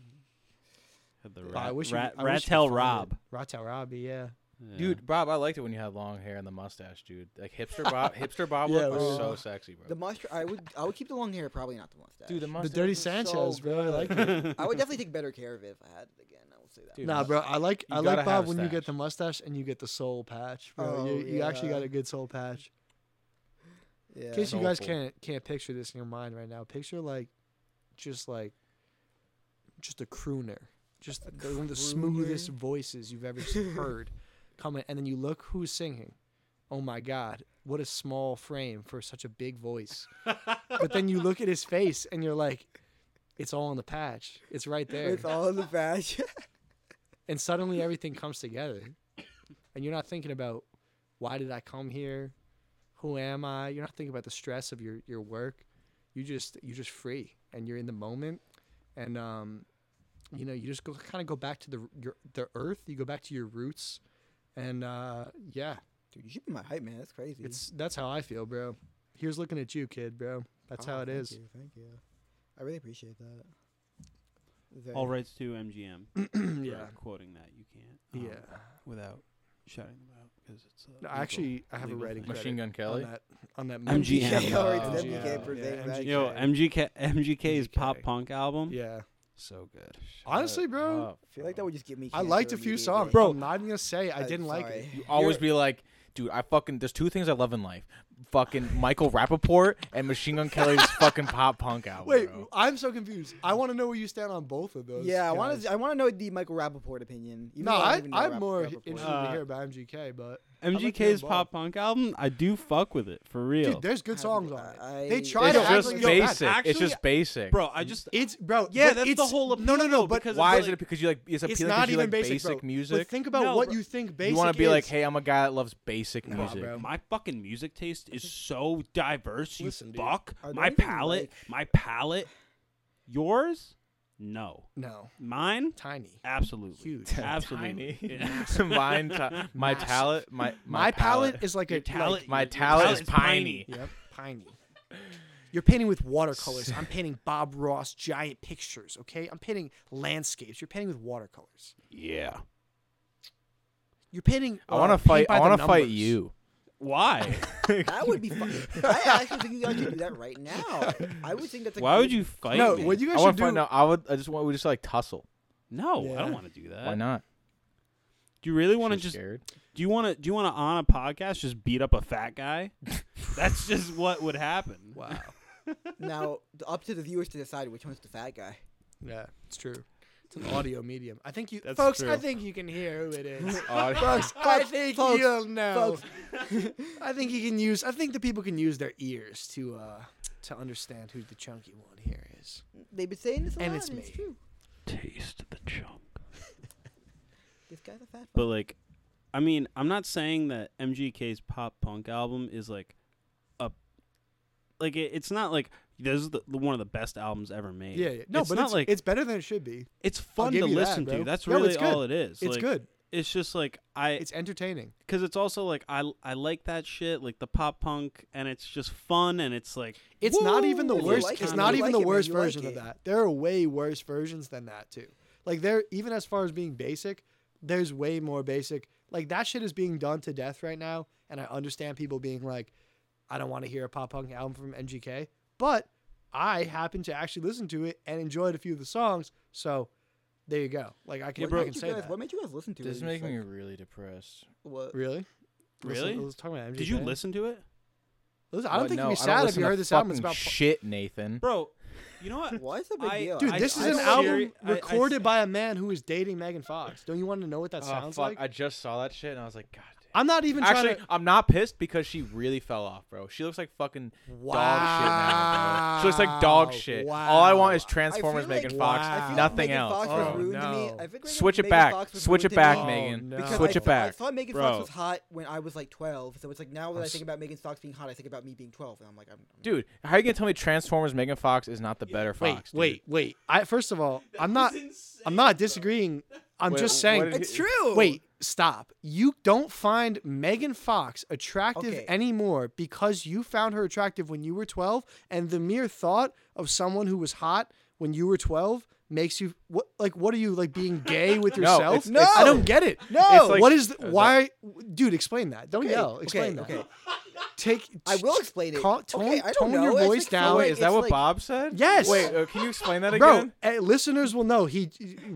[SPEAKER 3] Had the
[SPEAKER 2] But I
[SPEAKER 3] rat,
[SPEAKER 2] wish
[SPEAKER 3] rat,
[SPEAKER 2] you, I wish you could
[SPEAKER 3] Rattel
[SPEAKER 2] find it.
[SPEAKER 3] Rob.
[SPEAKER 2] Rattel Robbie, yeah.
[SPEAKER 3] Yeah.
[SPEAKER 4] Dude, Bob, I liked it when you had long hair and the mustache, dude. Like hipster Bob, hipster Bob
[SPEAKER 2] Yeah,
[SPEAKER 4] look was
[SPEAKER 2] bro.
[SPEAKER 4] so sexy, bro.
[SPEAKER 1] The mustache. I would. I would keep the long hair. Probably not the mustache.
[SPEAKER 4] dude, the
[SPEAKER 2] The
[SPEAKER 4] mustache.
[SPEAKER 2] Dirty
[SPEAKER 1] was so
[SPEAKER 2] Sanchez, bro. I like it.
[SPEAKER 1] I would definitely take better care of it if I had it again. I would won't say that.
[SPEAKER 4] Dude,
[SPEAKER 2] nah, bro. I like I
[SPEAKER 4] you gotta
[SPEAKER 2] like
[SPEAKER 4] have
[SPEAKER 2] Bob
[SPEAKER 4] a
[SPEAKER 2] when you
[SPEAKER 4] stash.
[SPEAKER 2] get the mustache and you get the soul patch, bro.
[SPEAKER 1] Oh,
[SPEAKER 2] you, you actually
[SPEAKER 1] yeah.
[SPEAKER 2] got a good soul patch.
[SPEAKER 1] Yeah.
[SPEAKER 2] In case you guys
[SPEAKER 4] Soulful.
[SPEAKER 2] can't can't picture this in your mind right now, picture like, just like, just a crooner, just the, one of the smoothest voices you've ever s- heard, coming, and then you look who's singing. Oh my God, what a small frame for such a big voice. but then you look at his face and you're like, it's all in the patch. It's right there.
[SPEAKER 1] It's all in the patch.
[SPEAKER 2] and suddenly everything comes together and you're not thinking about why did i come here who am i you're not thinking about the stress of your, your work you just you're just free and you're in the moment and um you know you just go kind of go back to the your, the earth you go back to your roots and uh yeah
[SPEAKER 1] Dude, you should be my hype man. That's crazy.
[SPEAKER 2] it's that's how i feel bro here's looking at you kid bro that's
[SPEAKER 1] Oh,
[SPEAKER 2] how it
[SPEAKER 1] thank
[SPEAKER 2] is
[SPEAKER 1] you, thank you. I really appreciate that. Very-
[SPEAKER 3] All rights to MGM. for
[SPEAKER 2] yeah
[SPEAKER 3] Quoting that, you can't. um,
[SPEAKER 2] yeah
[SPEAKER 3] Without shouting them out because it's. Uh,
[SPEAKER 2] No,
[SPEAKER 3] legal-
[SPEAKER 2] actually i have a
[SPEAKER 3] legal
[SPEAKER 2] writing
[SPEAKER 3] thing.
[SPEAKER 4] Machine Gun
[SPEAKER 2] on
[SPEAKER 4] Kelly.
[SPEAKER 2] that on that
[SPEAKER 3] MGM.
[SPEAKER 2] movie.
[SPEAKER 1] Yeah, or it's
[SPEAKER 4] Oh,
[SPEAKER 1] MGK
[SPEAKER 2] yeah.
[SPEAKER 1] for
[SPEAKER 2] Yeah,
[SPEAKER 1] Zane
[SPEAKER 2] MGK.
[SPEAKER 1] Vag-
[SPEAKER 3] Yo, MGK, MGK's
[SPEAKER 4] MGK.
[SPEAKER 3] pop punk album.
[SPEAKER 2] yeah
[SPEAKER 3] So good.
[SPEAKER 2] honestly bro
[SPEAKER 4] Shut up.
[SPEAKER 1] I feel like that would just give me.
[SPEAKER 2] I liked a
[SPEAKER 1] cancer
[SPEAKER 2] few
[SPEAKER 1] immediately.
[SPEAKER 2] songs, bro. I'm not even gonna say I
[SPEAKER 1] I'm
[SPEAKER 2] didn't like it.
[SPEAKER 1] sorry.
[SPEAKER 4] You always be like, dude, I fucking there's two things I love in life. Fucking Michael Rappaport and Machine Gun Kelly's fucking pop punk album.
[SPEAKER 2] Wait,
[SPEAKER 4] bro.
[SPEAKER 2] I'm so confused. I want to know where you stand on both of those.
[SPEAKER 1] Yeah, I want
[SPEAKER 2] guys.
[SPEAKER 1] to. I want to know the Michael Rappaport opinion. even
[SPEAKER 2] No,
[SPEAKER 1] though
[SPEAKER 2] I,
[SPEAKER 1] don't even know
[SPEAKER 2] I'm
[SPEAKER 1] Rapp-
[SPEAKER 2] more
[SPEAKER 1] Rappaport.
[SPEAKER 2] interested to
[SPEAKER 3] Uh,
[SPEAKER 2] hear about MGK, but
[SPEAKER 3] MGK's
[SPEAKER 2] Bob.
[SPEAKER 3] pop punk album, I do fuck with it for real.
[SPEAKER 2] dude, there's good
[SPEAKER 1] I-
[SPEAKER 2] songs on it.
[SPEAKER 1] I-
[SPEAKER 2] they
[SPEAKER 1] It's
[SPEAKER 2] try
[SPEAKER 4] it's
[SPEAKER 2] to
[SPEAKER 4] just
[SPEAKER 2] actually go
[SPEAKER 4] basic.
[SPEAKER 2] back.
[SPEAKER 4] it's just basic.
[SPEAKER 3] bro, I just
[SPEAKER 2] It's bro.
[SPEAKER 3] Mm. Yeah,
[SPEAKER 2] but
[SPEAKER 3] that's the
[SPEAKER 2] it's-
[SPEAKER 3] whole
[SPEAKER 2] No, no,
[SPEAKER 3] appeal,
[SPEAKER 2] no.
[SPEAKER 3] though,
[SPEAKER 2] But
[SPEAKER 3] because
[SPEAKER 4] why
[SPEAKER 3] it's
[SPEAKER 4] is
[SPEAKER 3] like-
[SPEAKER 4] it because you like it's
[SPEAKER 2] it's
[SPEAKER 4] appealing
[SPEAKER 2] not
[SPEAKER 4] because you
[SPEAKER 2] even
[SPEAKER 4] like
[SPEAKER 2] basic,
[SPEAKER 4] basic,
[SPEAKER 2] bro. But
[SPEAKER 4] music?
[SPEAKER 2] think about
[SPEAKER 3] No,
[SPEAKER 2] what
[SPEAKER 3] bro.
[SPEAKER 2] you think basic.
[SPEAKER 4] you want to be
[SPEAKER 2] is.
[SPEAKER 4] like, hey, I'm a guy that loves basic
[SPEAKER 2] Nah,
[SPEAKER 4] music.
[SPEAKER 2] bro.
[SPEAKER 3] my fucking music taste is so diverse,
[SPEAKER 2] Listen, dude.
[SPEAKER 3] you fuck.
[SPEAKER 1] Are
[SPEAKER 3] My
[SPEAKER 1] there even,
[SPEAKER 3] palette,
[SPEAKER 1] like-
[SPEAKER 3] my palette. Yours? No.
[SPEAKER 2] no,
[SPEAKER 3] Mine?
[SPEAKER 2] tiny.
[SPEAKER 3] Absolutely.
[SPEAKER 2] Huge.
[SPEAKER 3] Absolutely. Yeah.
[SPEAKER 4] Mine ta- my
[SPEAKER 2] Massive.
[SPEAKER 4] talent, my my,
[SPEAKER 2] My palette is like
[SPEAKER 3] Your
[SPEAKER 2] a
[SPEAKER 3] talent-
[SPEAKER 2] like-
[SPEAKER 4] my
[SPEAKER 3] your
[SPEAKER 4] talent is
[SPEAKER 3] palette's
[SPEAKER 4] piney.
[SPEAKER 2] Yep, piney. You're painting with watercolors. I'm painting Bob Ross giant pictures. Okay, I'm painting landscapes. You're painting with watercolors.
[SPEAKER 3] Yeah.
[SPEAKER 2] You're painting.
[SPEAKER 4] I
[SPEAKER 2] uh,
[SPEAKER 4] want to
[SPEAKER 2] paint
[SPEAKER 4] fight.
[SPEAKER 2] by
[SPEAKER 4] I
[SPEAKER 2] the
[SPEAKER 4] want to fight
[SPEAKER 2] numbers.
[SPEAKER 4] you.
[SPEAKER 3] Why?
[SPEAKER 1] That would be fun. I actually think you guys should do that right now. I would think that's. A
[SPEAKER 3] Why would
[SPEAKER 1] good-
[SPEAKER 3] you fight
[SPEAKER 2] No,
[SPEAKER 3] me?
[SPEAKER 2] what you
[SPEAKER 4] I
[SPEAKER 2] guys should
[SPEAKER 4] want to fight.
[SPEAKER 2] do.
[SPEAKER 4] No, I would. I just want. We just like tussle.
[SPEAKER 3] No, I
[SPEAKER 2] Yeah.
[SPEAKER 3] don't want to do that.
[SPEAKER 4] Why not?
[SPEAKER 3] Do you really want to
[SPEAKER 4] She's
[SPEAKER 3] just?
[SPEAKER 4] scared.
[SPEAKER 3] Do you want to? Do you want to on a podcast just beat up a fat guy? That's just what would happen.
[SPEAKER 2] Wow.
[SPEAKER 1] Now, up to the viewers to decide which one's the fat guy.
[SPEAKER 2] Yeah, it's true. It's an audio medium. I think you,
[SPEAKER 3] That's
[SPEAKER 2] folks. I
[SPEAKER 3] true.
[SPEAKER 2] think you can hear who it is.
[SPEAKER 4] Audio-
[SPEAKER 2] I think
[SPEAKER 1] folks,
[SPEAKER 2] you'll know. I think you can use. I think the people can use their ears to uh to understand who the chunky one here is.
[SPEAKER 1] They've been saying this a
[SPEAKER 2] And
[SPEAKER 1] lot.
[SPEAKER 2] it's
[SPEAKER 1] and
[SPEAKER 2] me.
[SPEAKER 1] true.
[SPEAKER 3] Taste the chunk.
[SPEAKER 1] This guy's a fat. fuck.
[SPEAKER 3] But like, I mean, I'm not saying that MGK's pop punk album is like a like it, it's not like this is the, the one of the best albums ever made.
[SPEAKER 2] Yeah, yeah. no,
[SPEAKER 3] it's
[SPEAKER 2] but
[SPEAKER 3] not
[SPEAKER 2] it's,
[SPEAKER 3] like
[SPEAKER 2] it's better than it should be.
[SPEAKER 3] it's fun
[SPEAKER 2] give
[SPEAKER 3] to
[SPEAKER 2] you that,
[SPEAKER 3] listen
[SPEAKER 2] bro.
[SPEAKER 3] to. That's
[SPEAKER 2] No,
[SPEAKER 3] really
[SPEAKER 2] it's good.
[SPEAKER 3] all it is.
[SPEAKER 2] It's
[SPEAKER 3] Like,
[SPEAKER 2] good.
[SPEAKER 3] It's just like I
[SPEAKER 2] It's entertaining.
[SPEAKER 3] because it's also like I I like that shit like the pop punk and it's just fun and it's like
[SPEAKER 2] It's not even the
[SPEAKER 1] Woo! If you
[SPEAKER 2] worst.
[SPEAKER 1] like
[SPEAKER 2] it's
[SPEAKER 1] it, man,
[SPEAKER 2] not
[SPEAKER 1] you like
[SPEAKER 2] even the
[SPEAKER 1] it, man,
[SPEAKER 2] worst
[SPEAKER 1] you like
[SPEAKER 2] version of
[SPEAKER 1] it.
[SPEAKER 2] that. There are way worse versions than that too. Like there, even as far as being basic, there's way more basic. Like that shit is being done to death right now, and I understand people being like, "I don't want to hear a pop punk album from MGK," but I happen to actually listen to it and enjoyed a few of the songs. So there you go. Like I can,
[SPEAKER 3] Yeah, bro.
[SPEAKER 2] I
[SPEAKER 1] What
[SPEAKER 2] can
[SPEAKER 1] made you
[SPEAKER 2] say
[SPEAKER 1] guys-
[SPEAKER 2] that.
[SPEAKER 1] What made you guys listen to
[SPEAKER 4] This
[SPEAKER 1] it?
[SPEAKER 4] is
[SPEAKER 1] Just,
[SPEAKER 4] making me
[SPEAKER 1] like,
[SPEAKER 4] really depressed.
[SPEAKER 1] what-
[SPEAKER 2] Really? Listen-
[SPEAKER 3] Really?
[SPEAKER 2] let's talk about MGK.
[SPEAKER 3] Did you listen to it,
[SPEAKER 2] Listen, I don't
[SPEAKER 4] But
[SPEAKER 2] think
[SPEAKER 4] no,
[SPEAKER 2] you'd be
[SPEAKER 4] I don't
[SPEAKER 2] sad if
[SPEAKER 4] listen
[SPEAKER 2] you
[SPEAKER 4] to
[SPEAKER 2] heard this album. It's
[SPEAKER 4] fucking
[SPEAKER 2] about
[SPEAKER 4] shit, Nathan.
[SPEAKER 3] bro? You know what?
[SPEAKER 1] Why is that big
[SPEAKER 3] I-
[SPEAKER 1] deal?
[SPEAKER 3] I-
[SPEAKER 2] Dude,
[SPEAKER 1] I-
[SPEAKER 2] this
[SPEAKER 1] I
[SPEAKER 2] is an
[SPEAKER 1] don't-
[SPEAKER 2] album
[SPEAKER 3] seri- I- I
[SPEAKER 2] recorded
[SPEAKER 3] s-
[SPEAKER 2] by a man who is dating Megan Fox. Don't you want to know what that
[SPEAKER 4] Oh,
[SPEAKER 2] sounds
[SPEAKER 4] fuck.
[SPEAKER 2] like?
[SPEAKER 4] I just saw that shit and I was like, God damn.
[SPEAKER 2] I, am not even
[SPEAKER 4] Actually,
[SPEAKER 2] trying to.
[SPEAKER 4] I'm not pissed because she really fell off, bro. She looks like fucking dog shit now, bro. She looks like dog
[SPEAKER 2] Wow.
[SPEAKER 4] shit. All I want is
[SPEAKER 2] Wow.
[SPEAKER 1] I feel
[SPEAKER 4] Transformers
[SPEAKER 1] like-
[SPEAKER 4] Megan
[SPEAKER 2] Wow.
[SPEAKER 4] Fox,
[SPEAKER 2] I feel like
[SPEAKER 4] nothing
[SPEAKER 1] Megan
[SPEAKER 4] else.
[SPEAKER 1] Fox was rude
[SPEAKER 2] Oh,
[SPEAKER 1] to me.
[SPEAKER 2] no.
[SPEAKER 1] I feel like
[SPEAKER 4] Switch it
[SPEAKER 1] Megan
[SPEAKER 4] back.
[SPEAKER 1] Fox was
[SPEAKER 4] Switch
[SPEAKER 1] rude
[SPEAKER 4] it
[SPEAKER 1] to
[SPEAKER 4] back,
[SPEAKER 1] me Oh.
[SPEAKER 4] Megan.
[SPEAKER 2] no.
[SPEAKER 1] because
[SPEAKER 4] Switch
[SPEAKER 1] I,
[SPEAKER 4] it back.
[SPEAKER 1] I thought Megan Fox
[SPEAKER 3] Bro.
[SPEAKER 1] was hot when I was like 12, so it's like now that I think about Megan Fox being hot, I think about me being 12, and I'm like, I'm, I'm
[SPEAKER 4] Dude, how are you gonna tell me Transformers Megan Fox is not the better
[SPEAKER 2] Wait,
[SPEAKER 4] Fox? dude?
[SPEAKER 2] wait, wait. I first of all, I'm not. I'm not disagreeing. I'm
[SPEAKER 4] Wait,
[SPEAKER 2] just
[SPEAKER 4] what
[SPEAKER 2] saying.
[SPEAKER 4] did It's he-
[SPEAKER 1] true.
[SPEAKER 2] Wait, stop. You don't find Megan Fox attractive
[SPEAKER 1] Okay.
[SPEAKER 2] anymore because you found her attractive when you were 12, and the mere thought of someone who was hot when you were 12 makes you what? Like, what are you like being gay with
[SPEAKER 4] No,
[SPEAKER 2] yourself?
[SPEAKER 4] it's- it's-
[SPEAKER 2] I don't get it.
[SPEAKER 1] No.
[SPEAKER 4] It's like-
[SPEAKER 2] what is the,
[SPEAKER 4] Uh,
[SPEAKER 2] why, dude? Explain that. Don't
[SPEAKER 1] Okay,
[SPEAKER 2] yell. Explain
[SPEAKER 1] okay,
[SPEAKER 2] that.
[SPEAKER 1] okay.
[SPEAKER 2] Take.
[SPEAKER 1] I will explain it.
[SPEAKER 2] Calm, tone,
[SPEAKER 1] okay, I don't
[SPEAKER 2] tone
[SPEAKER 1] know.
[SPEAKER 2] your
[SPEAKER 1] It's
[SPEAKER 2] voice
[SPEAKER 1] like
[SPEAKER 2] down.
[SPEAKER 1] fluid.
[SPEAKER 4] Wait, is that
[SPEAKER 1] it's
[SPEAKER 4] what
[SPEAKER 1] like-
[SPEAKER 4] Bob said?
[SPEAKER 2] Yes.
[SPEAKER 4] Wait, uh, can you explain that
[SPEAKER 2] Bro,
[SPEAKER 4] again?
[SPEAKER 2] eh, listeners will know he